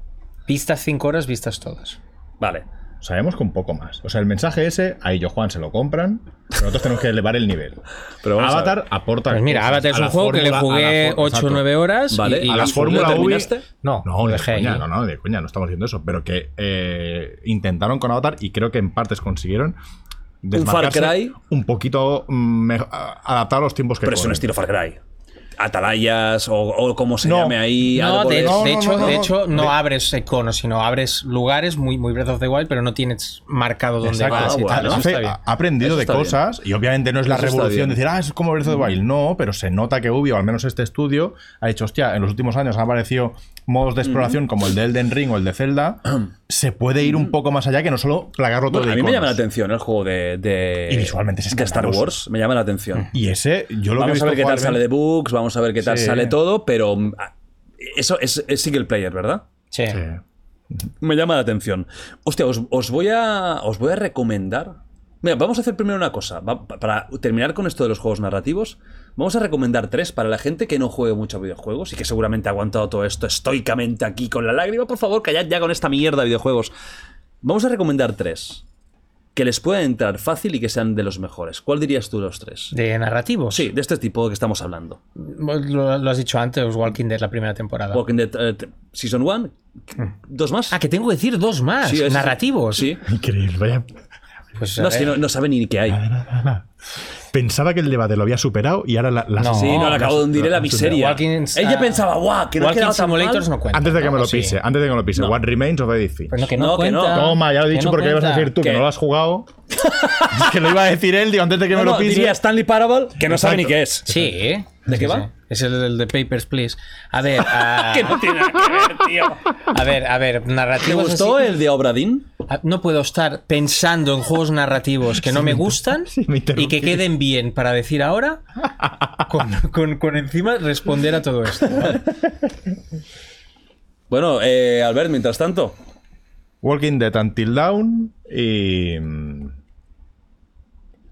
[SPEAKER 3] Vistas 5 horas, vistas todas.
[SPEAKER 1] Vale.
[SPEAKER 2] Sabemos que un poco más. O sea, el mensaje ese, a ello Juan se lo compran, pero nosotros tenemos que elevar el nivel.
[SPEAKER 1] Pero vamos a
[SPEAKER 2] Avatar aporta.
[SPEAKER 3] Pues mira,
[SPEAKER 2] cosas.
[SPEAKER 3] Avatar es
[SPEAKER 2] A la
[SPEAKER 3] un juego que le
[SPEAKER 2] fórmula- a la
[SPEAKER 3] jugué
[SPEAKER 2] for-
[SPEAKER 3] 8 o
[SPEAKER 2] exacto.
[SPEAKER 3] 9 horas.
[SPEAKER 1] Vale,
[SPEAKER 3] y-
[SPEAKER 1] a
[SPEAKER 2] la
[SPEAKER 1] las
[SPEAKER 3] y-
[SPEAKER 2] fórmula
[SPEAKER 1] ¿Lo
[SPEAKER 2] Ubi-
[SPEAKER 1] terminaste?
[SPEAKER 3] No,
[SPEAKER 2] No, ni de
[SPEAKER 3] dejé
[SPEAKER 2] coña,
[SPEAKER 3] ahí.
[SPEAKER 2] no, no, ni de coña, no estamos diciendo eso. Pero que eh, intentaron con Avatar y creo que en partes consiguieron. desmarcarse
[SPEAKER 1] Far Cry.
[SPEAKER 2] Un poquito mm, me- a- adaptado a los tiempos que
[SPEAKER 1] Pero es un
[SPEAKER 2] corren.
[SPEAKER 1] estilo Far Cry. Atalayas o, o como se
[SPEAKER 2] No.
[SPEAKER 1] llame ahí.
[SPEAKER 3] No, de,
[SPEAKER 1] árboles.
[SPEAKER 2] No,
[SPEAKER 3] de
[SPEAKER 2] no,
[SPEAKER 3] hecho,
[SPEAKER 2] no, no,
[SPEAKER 3] de
[SPEAKER 2] no.
[SPEAKER 3] hecho, no abres iconos, sino abres lugares muy, muy Breath of the Wild, pero no tienes marcado dónde
[SPEAKER 2] Exacto.
[SPEAKER 3] vas. y
[SPEAKER 1] Ah,
[SPEAKER 3] tal.
[SPEAKER 1] bueno.
[SPEAKER 3] Eso
[SPEAKER 2] Hace-
[SPEAKER 3] está bien.
[SPEAKER 2] ha aprendido
[SPEAKER 1] Eso
[SPEAKER 2] de
[SPEAKER 1] está bien.
[SPEAKER 2] cosas y obviamente no es la
[SPEAKER 1] Eso está bien.
[SPEAKER 2] revolución de decir, ah, es como Breath of the Wild. No, pero se nota que Ubi, o al menos este estudio, ha dicho, hostia, en los últimos años han aparecido modos de exploración como el de Elden Ring o el de Zelda. se puede ir un poco más allá que no solo plagarlo todo
[SPEAKER 1] Bueno,
[SPEAKER 2] de
[SPEAKER 1] a mí me
[SPEAKER 2] iconos.
[SPEAKER 1] llama la atención el juego de, de-
[SPEAKER 2] Y visualmente es
[SPEAKER 1] de Star
[SPEAKER 2] escandaloso.
[SPEAKER 1] Wars. Me llama la atención.
[SPEAKER 2] Y ese, yo lo
[SPEAKER 1] vamos
[SPEAKER 2] que he
[SPEAKER 1] a
[SPEAKER 2] visto
[SPEAKER 1] ver qué tal
[SPEAKER 2] jugar
[SPEAKER 1] sale de
[SPEAKER 2] bien-
[SPEAKER 1] bugs, vamos a ver qué tal
[SPEAKER 2] Sí.
[SPEAKER 1] sale todo, pero mm, ah, eso es, es single player, ¿verdad?
[SPEAKER 3] Sí.
[SPEAKER 2] Sí.
[SPEAKER 1] Me llama la atención. Hostia, os, os voy a. Os voy a recomendar. Mira, vamos a hacer primero una cosa. va- pa- para terminar con esto de los juegos narrativos, vamos a recomendar tres para la gente que no juegue mucho a videojuegos y que seguramente ha aguantado todo esto estoicamente aquí con la lágrima. Por favor, callad ya con esta mierda de videojuegos. Vamos a recomendar tres que les pueda entrar fácil y que sean de los mejores. ¿Cuál dirías tú los tres?
[SPEAKER 3] De narrativos.
[SPEAKER 1] Sí, de este tipo que estamos hablando.
[SPEAKER 3] Vos Lo, lo has dicho antes, Walking Dead, la primera temporada.
[SPEAKER 1] Walking Dead eh, t- Season 1. ¿Dos más?
[SPEAKER 3] Ah, que tengo que decir dos más.
[SPEAKER 1] Sí, es-
[SPEAKER 3] narrativos.
[SPEAKER 1] Sí.
[SPEAKER 2] Increíble, vaya.
[SPEAKER 3] Pues, a
[SPEAKER 1] No, es que
[SPEAKER 3] ver.
[SPEAKER 1] no, no sabe ni qué hay.
[SPEAKER 2] Pensaba que el debate lo había superado y ahora la, la-
[SPEAKER 3] No.
[SPEAKER 1] Sí, no, le acabo de hundir en la
[SPEAKER 2] la-
[SPEAKER 1] miseria.
[SPEAKER 3] Walking-
[SPEAKER 1] Ella
[SPEAKER 3] ah,
[SPEAKER 1] pensaba, guau, que no ha
[SPEAKER 3] Walking
[SPEAKER 1] quedado tan mal.
[SPEAKER 3] Simulators no cuenta.
[SPEAKER 2] Antes de que
[SPEAKER 3] ¿no?
[SPEAKER 2] me lo
[SPEAKER 3] Sí.
[SPEAKER 2] pise, antes de que me lo pise. What Remains of Edith Finch.
[SPEAKER 3] Pues no, que no,
[SPEAKER 1] No, que no.
[SPEAKER 3] cuenta.
[SPEAKER 2] Toma, ya lo he
[SPEAKER 3] Que
[SPEAKER 2] dicho
[SPEAKER 3] no
[SPEAKER 2] porque ibas a
[SPEAKER 3] cuenta.
[SPEAKER 2] decir tú que
[SPEAKER 1] ¿Qué?
[SPEAKER 2] no lo has jugado. Es que lo iba a decir él, digo, antes de que me
[SPEAKER 1] No,
[SPEAKER 2] lo
[SPEAKER 1] no,
[SPEAKER 2] pise.
[SPEAKER 1] diría Stanley Parable que no sabe ni qué es.
[SPEAKER 3] Sí, ¿eh?
[SPEAKER 1] ¿De qué
[SPEAKER 3] Sí,
[SPEAKER 1] va?
[SPEAKER 3] sí. Es el, el de Papers, Please. A ver, a,
[SPEAKER 1] Que no tiene nada que ver, tío.
[SPEAKER 3] a ver, a ver,
[SPEAKER 1] ¿Te
[SPEAKER 3] narrativos.
[SPEAKER 1] gustó
[SPEAKER 3] así-
[SPEAKER 1] el de Obradín?
[SPEAKER 3] Ah, No puedo estar pensando en juegos narrativos que no me gustan
[SPEAKER 2] sí, me interrumpí.
[SPEAKER 3] y que queden bien para decir ahora, con, con- con encima responder a todo esto. ¿vale?
[SPEAKER 1] Bueno, eh, Albert, mientras tanto.
[SPEAKER 2] Walking Dead Until Dawn y. mm,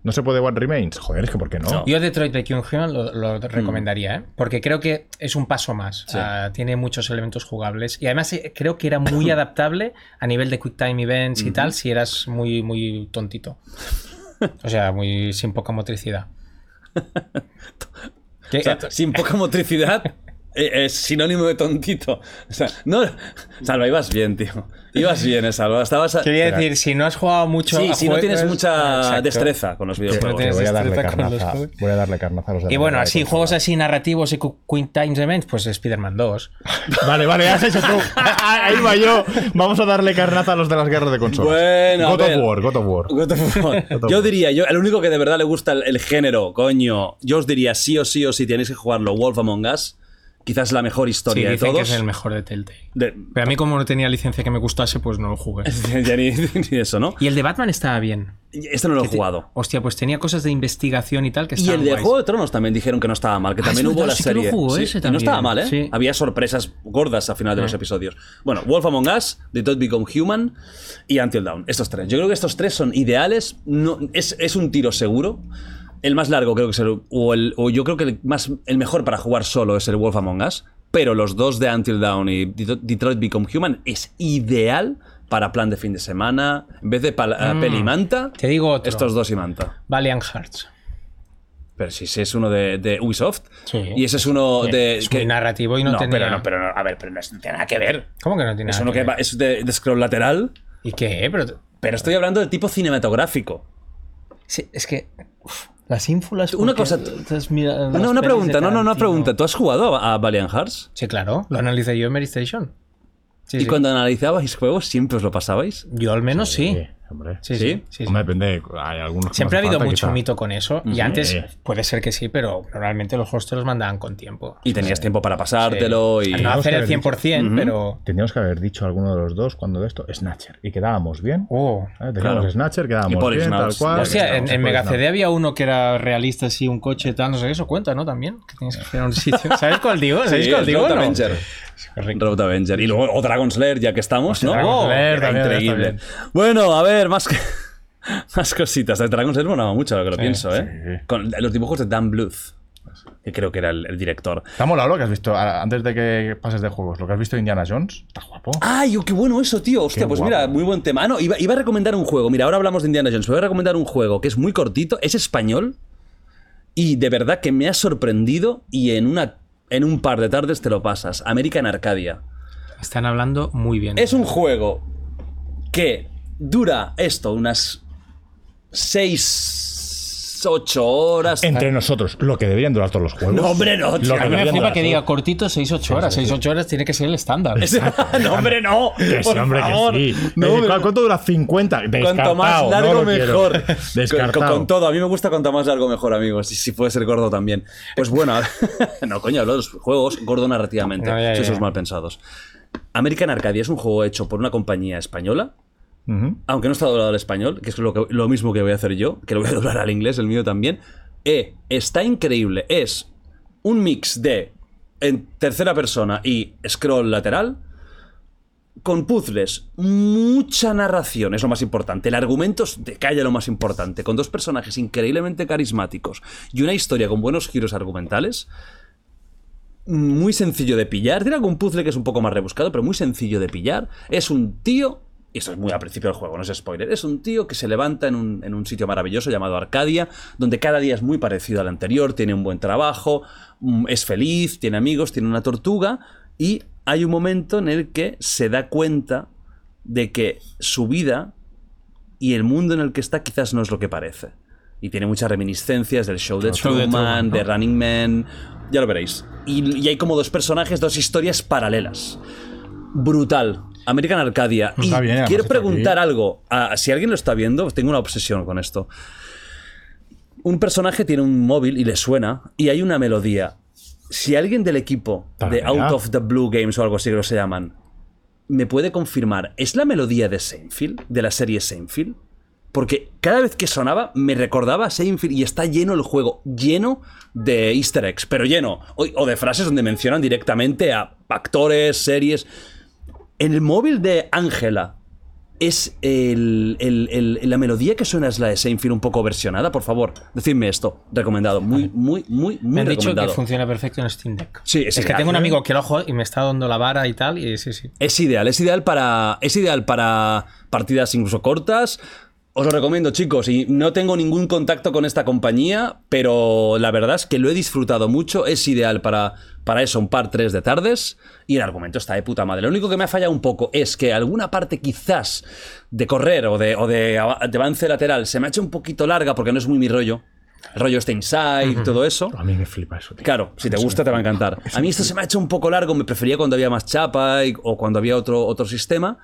[SPEAKER 2] No se puede What Remains. Joder, es que ¿por qué no?
[SPEAKER 3] Yo Detroit Become Human lo, lo recomendaría, ¿eh? porque creo que es un paso más. Ah, tiene muchos elementos jugables y además eh, creo que era muy adaptable a nivel de Quick Time Events y tal si eras muy, muy tontito. O sea, muy sin poca motricidad. Que-
[SPEAKER 1] O sea, sin poca motricidad eh, es sinónimo de tontito. O sea, no. Salva, ibas bien, tío. Ibas bien, eh, Salva. Estabas. a-
[SPEAKER 3] Quería decir, si no has jugado mucho.
[SPEAKER 1] Sí,
[SPEAKER 3] a
[SPEAKER 1] si no tienes
[SPEAKER 3] juegos-
[SPEAKER 1] mucha
[SPEAKER 3] Exacto.
[SPEAKER 1] destreza con los videojuegos.
[SPEAKER 3] tienes
[SPEAKER 2] voy a darle
[SPEAKER 3] destreza con los
[SPEAKER 2] carnaza.
[SPEAKER 3] juegos.
[SPEAKER 2] Voy a darle carnaza a los de
[SPEAKER 3] Y
[SPEAKER 2] la
[SPEAKER 3] bueno,
[SPEAKER 2] manera de
[SPEAKER 3] así,
[SPEAKER 2] controlar.
[SPEAKER 3] juegos así narrativos y cu- Quick Times Events, pues Spider-Man 2.
[SPEAKER 2] Vale, vale, has hecho tú. Ahí va yo. Vamos a darle carnaza a los de las guerras de consolas.
[SPEAKER 1] Bueno, a
[SPEAKER 2] God of
[SPEAKER 1] ver.
[SPEAKER 2] War, God of War.
[SPEAKER 1] What the fuck? yo diría, yo, el único que de verdad le gusta el, el género, coño, yo os diría sí o sí o sí tenéis que jugarlo, Wolf Among Us, quizás la mejor
[SPEAKER 3] Sí,
[SPEAKER 1] historia de
[SPEAKER 3] dicen
[SPEAKER 1] todos.
[SPEAKER 3] que es el mejor de Telltale.
[SPEAKER 1] De-
[SPEAKER 3] Pero a mí, como no tenía licencia que me gustase, pues no lo jugué.
[SPEAKER 1] ya ni, ni eso, ¿no?
[SPEAKER 3] Y el de Batman estaba bien.
[SPEAKER 1] Este no lo he jugado.
[SPEAKER 3] Hostia, pues tenía cosas de investigación y tal que
[SPEAKER 1] Y
[SPEAKER 3] estaban
[SPEAKER 1] el de
[SPEAKER 3] guays.
[SPEAKER 1] Juego de Tronos también dijeron que no estaba mal, que
[SPEAKER 3] Ah,
[SPEAKER 1] también
[SPEAKER 3] es
[SPEAKER 1] hubo
[SPEAKER 3] verdad,
[SPEAKER 1] la
[SPEAKER 3] sí que lo
[SPEAKER 1] serie.
[SPEAKER 3] jugó ese
[SPEAKER 1] y no
[SPEAKER 3] también.
[SPEAKER 1] estaba mal, ¿eh?
[SPEAKER 3] Sí.
[SPEAKER 1] Había sorpresas gordas al final de los episodios. Bueno, Wolf Among Us, Detroit Become Human y Until Dawn. Estos tres. Yo creo que estos tres son ideales. No, es, es un tiro seguro. El más largo creo que es el. O, el- o yo creo que el, más, el mejor para jugar solo es el Wolf Among Us. Pero los dos de Until Dawn y Det- Detroit Become Human es ideal para plan de fin de semana. En vez de
[SPEAKER 3] Mm.
[SPEAKER 1] pal- eh, peli y manta,
[SPEAKER 3] Te digo otro.
[SPEAKER 1] estos dos y manta.
[SPEAKER 3] Valiant Hearts.
[SPEAKER 1] Pero si ese es uno de, de Ubisoft.
[SPEAKER 3] Sí.
[SPEAKER 1] Y ese es uno de.
[SPEAKER 3] Es muy narrativo y no tenía-
[SPEAKER 1] Pero no, pero no, a ver, pero no, es- no tiene nada que ver.
[SPEAKER 3] ¿Cómo que no tiene
[SPEAKER 1] es
[SPEAKER 3] nada
[SPEAKER 1] uno
[SPEAKER 3] que
[SPEAKER 1] que
[SPEAKER 3] ver?
[SPEAKER 1] va- es de, de scroll lateral.
[SPEAKER 3] ¿Y qué? Pero,
[SPEAKER 1] Pero estoy hablando de tipo cinematográfico.
[SPEAKER 3] sí, es que. uf, las ínfulas.
[SPEAKER 1] Una
[SPEAKER 3] porque
[SPEAKER 1] cosa-
[SPEAKER 3] te has mirado las
[SPEAKER 1] No, una
[SPEAKER 3] pelis de
[SPEAKER 1] pregunta, no, no, una
[SPEAKER 3] Tarantino.
[SPEAKER 1] pregunta. ¿Tú has jugado a a Valiant Hearts?
[SPEAKER 3] Sí, claro. Lo analicé yo en Mary Station. Sí,
[SPEAKER 1] y
[SPEAKER 3] sí.
[SPEAKER 1] cuando analizabais juegos, ¿siempre os lo pasabais?
[SPEAKER 3] Yo al menos sí.
[SPEAKER 2] Sí. hombre.
[SPEAKER 1] ¿Sí?
[SPEAKER 6] sí, sí, sí.
[SPEAKER 2] Hombre, depende. Hay algunos que
[SPEAKER 6] Siempre ha
[SPEAKER 2] no hace
[SPEAKER 6] habido
[SPEAKER 2] falta,
[SPEAKER 6] mucho
[SPEAKER 2] quizá.
[SPEAKER 6] mito con eso. Y
[SPEAKER 1] Ujú.
[SPEAKER 6] antes
[SPEAKER 2] Eh.
[SPEAKER 6] puede ser que sí, pero normalmente los hosts te los mandaban con tiempo. Eh,
[SPEAKER 1] Y tenías tiempo para pasártelo y...
[SPEAKER 6] No
[SPEAKER 2] Teníamos
[SPEAKER 6] hacer
[SPEAKER 2] que
[SPEAKER 6] el
[SPEAKER 2] haber dicho.
[SPEAKER 6] 100%,
[SPEAKER 1] Ujú.
[SPEAKER 6] pero.
[SPEAKER 2] Tendríamos que haber dicho alguno de los dos cuando de esto, Snatcher. Y quedábamos bien.
[SPEAKER 6] Oh.
[SPEAKER 2] ¿eh? Teníamos
[SPEAKER 1] Claro.
[SPEAKER 2] Snatcher, quedábamos
[SPEAKER 1] Y Paul
[SPEAKER 2] bien,
[SPEAKER 1] Snouts,
[SPEAKER 2] tal cual.
[SPEAKER 1] ya
[SPEAKER 6] Hostia, en,
[SPEAKER 2] Estábamos
[SPEAKER 6] en
[SPEAKER 2] Paul
[SPEAKER 6] Mega
[SPEAKER 2] Snouts.
[SPEAKER 6] CD había uno que era realista, así, un coche, tal, no sé, eso cuenta, ¿no? También, que tienes que hacer un sitio. ¿Sabes cuál digo? ¿Sabéis
[SPEAKER 1] Sí,
[SPEAKER 6] cuál
[SPEAKER 1] el
[SPEAKER 6] digo?
[SPEAKER 1] Road
[SPEAKER 6] no?
[SPEAKER 1] Avenger. Road Avenger. Y luego o Dragon Slayer, ya que estamos, ¿no?
[SPEAKER 2] Dragon
[SPEAKER 1] Oh,
[SPEAKER 2] Slayer
[SPEAKER 1] era
[SPEAKER 2] también,
[SPEAKER 1] increíble.
[SPEAKER 2] está
[SPEAKER 1] Bueno, a ver, más, que- más cositas. El Dragon Slayer molaba mucho, ahora que lo pienso, ¿eh?
[SPEAKER 2] sí.
[SPEAKER 1] Con los dibujos de Dan Bluth, que creo que era el, el director.
[SPEAKER 2] Está molado lo que has visto, a- antes de que pases de juegos, lo que has visto de Indiana Jones, está guapo.
[SPEAKER 1] ¡Ay, oh, qué bueno eso, tío! Hostia,
[SPEAKER 2] Qué
[SPEAKER 1] pues
[SPEAKER 2] guapo.
[SPEAKER 1] mira, muy buen tema. Ah, no, iba, iba a recomendar un juego. Mira, ahora hablamos de Indiana Jones. Voy a recomendar un juego que es muy cortito, es español. Y de verdad que me ha sorprendido. Y en, una, en un par de tardes te lo pasas. American Arcadia.
[SPEAKER 6] Están hablando muy bien.
[SPEAKER 1] Es un juego que dura esto, unas 6, 8 horas.
[SPEAKER 2] Entre nosotros, lo que deberían durar todos los juegos.
[SPEAKER 1] No, hombre, no, tío.
[SPEAKER 2] Lo que deberían
[SPEAKER 6] Encima
[SPEAKER 2] durar
[SPEAKER 6] que
[SPEAKER 2] todos.
[SPEAKER 6] diga cortito, 6-8 horas. 6-8 horas tiene que ser el estándar.
[SPEAKER 1] Es- no, hombre, no.
[SPEAKER 2] Que sí,
[SPEAKER 1] por
[SPEAKER 2] hombre,
[SPEAKER 1] favor.
[SPEAKER 2] que sí.
[SPEAKER 1] No,
[SPEAKER 2] Me dice,
[SPEAKER 1] hombre,
[SPEAKER 2] "¿Cuál-
[SPEAKER 1] no.
[SPEAKER 2] ¿Cuánto dura? 50.
[SPEAKER 1] Cuanto
[SPEAKER 2] Descartado,
[SPEAKER 1] más
[SPEAKER 2] no
[SPEAKER 1] largo,
[SPEAKER 2] lo quiero.
[SPEAKER 1] mejor. Con,
[SPEAKER 2] Descartado.
[SPEAKER 1] con- con todo. A mí me gusta cuanto más largo, mejor, amigos. Y si puede ser gordo también. Pues bueno, a- no, coño, hablo de los juegos gordo narrativamente.
[SPEAKER 6] No, ya, ya,
[SPEAKER 1] Sois
[SPEAKER 6] ya.
[SPEAKER 1] unos mal pensados. American Arcadia es un juego hecho por una compañía española
[SPEAKER 2] Ujú.
[SPEAKER 1] aunque no está doblado al español, que es lo, que- lo mismo que voy a hacer yo, que lo voy a doblar al inglés, el mío también, eh, está increíble. Es un mix de en tercera persona y scroll lateral, con puzzles, mucha narración, es lo más importante. El argumento es de calle lo más importante, con dos personajes increíblemente carismáticos y una historia con buenos giros argumentales. Muy sencillo de pillar. Tiene algún puzzle que es un poco más rebuscado, pero muy sencillo de pillar. Es un tío. y Esto es muy al principio del juego, no es spoiler. Es un tío que se levanta en un, en un sitio maravilloso llamado Arcadia, donde cada día es muy parecido al anterior, tiene un buen trabajo, mm, es feliz, tiene amigos, tiene una tortuga, y hay un momento en el que se da cuenta de que su vida y el mundo en el que está quizás no es lo que parece. Y tiene muchas reminiscencias del show de
[SPEAKER 6] show de
[SPEAKER 1] Truman,
[SPEAKER 6] Truman, ¿no?
[SPEAKER 1] de Running Man, ya lo veréis. Y, y hay como dos personajes, dos historias paralelas. Brutal. American Arcadia. Y
[SPEAKER 2] Está bien, además
[SPEAKER 1] quiero
[SPEAKER 2] está aquí.
[SPEAKER 1] preguntar algo. a- si alguien lo está viendo, tengo una obsesión con esto. Un personaje tiene un móvil y le suena, y hay una melodía. Si alguien del equipo de
[SPEAKER 2] Tararea.
[SPEAKER 1] Out of the Blue Games o algo así que se llaman, me puede confirmar, ¿es la melodía de Seinfeld? De la serie Seinfeld? Porque cada vez que sonaba me recordaba a Seinfeld y está lleno el juego, lleno de easter eggs, pero lleno. O, o de frases donde mencionan directamente a actores, series. En el móvil de Ángela es el- el- el- la melodía que suena es la de Seinfeld un poco versionada. Por favor, decidme esto. Recomendado. Muy, muy, muy, muy
[SPEAKER 6] me han dicho que
[SPEAKER 1] recomendado.
[SPEAKER 6] funciona perfecto en Steam Deck.
[SPEAKER 1] Sí,
[SPEAKER 6] es,
[SPEAKER 1] sí,
[SPEAKER 6] que
[SPEAKER 1] hace-
[SPEAKER 6] tengo un amigo que lo juega y me está dando la vara y tal. Y sí, sí.
[SPEAKER 1] Es ideal, es ideal para. Es ideal para partidas incluso cortas. Os lo recomiendo, chicos, y no tengo ningún contacto con esta compañía, pero la verdad es que lo he disfrutado mucho. Es ideal para, para eso, un par tres de tardes. Y el argumento está de puta madre. Lo único que me ha fallado un poco es que alguna parte quizás de correr o de, o de av- de avance lateral se me ha hecho un poquito larga porque no es muy mi rollo. El rollo este inside y todo eso.
[SPEAKER 2] A mí me flipa eso, tío.
[SPEAKER 1] Claro, si te gusta te va a encantar. A mí esto se me ha hecho un poco largo, me prefería cuando había más chapa y- o cuando había otro, otro sistema.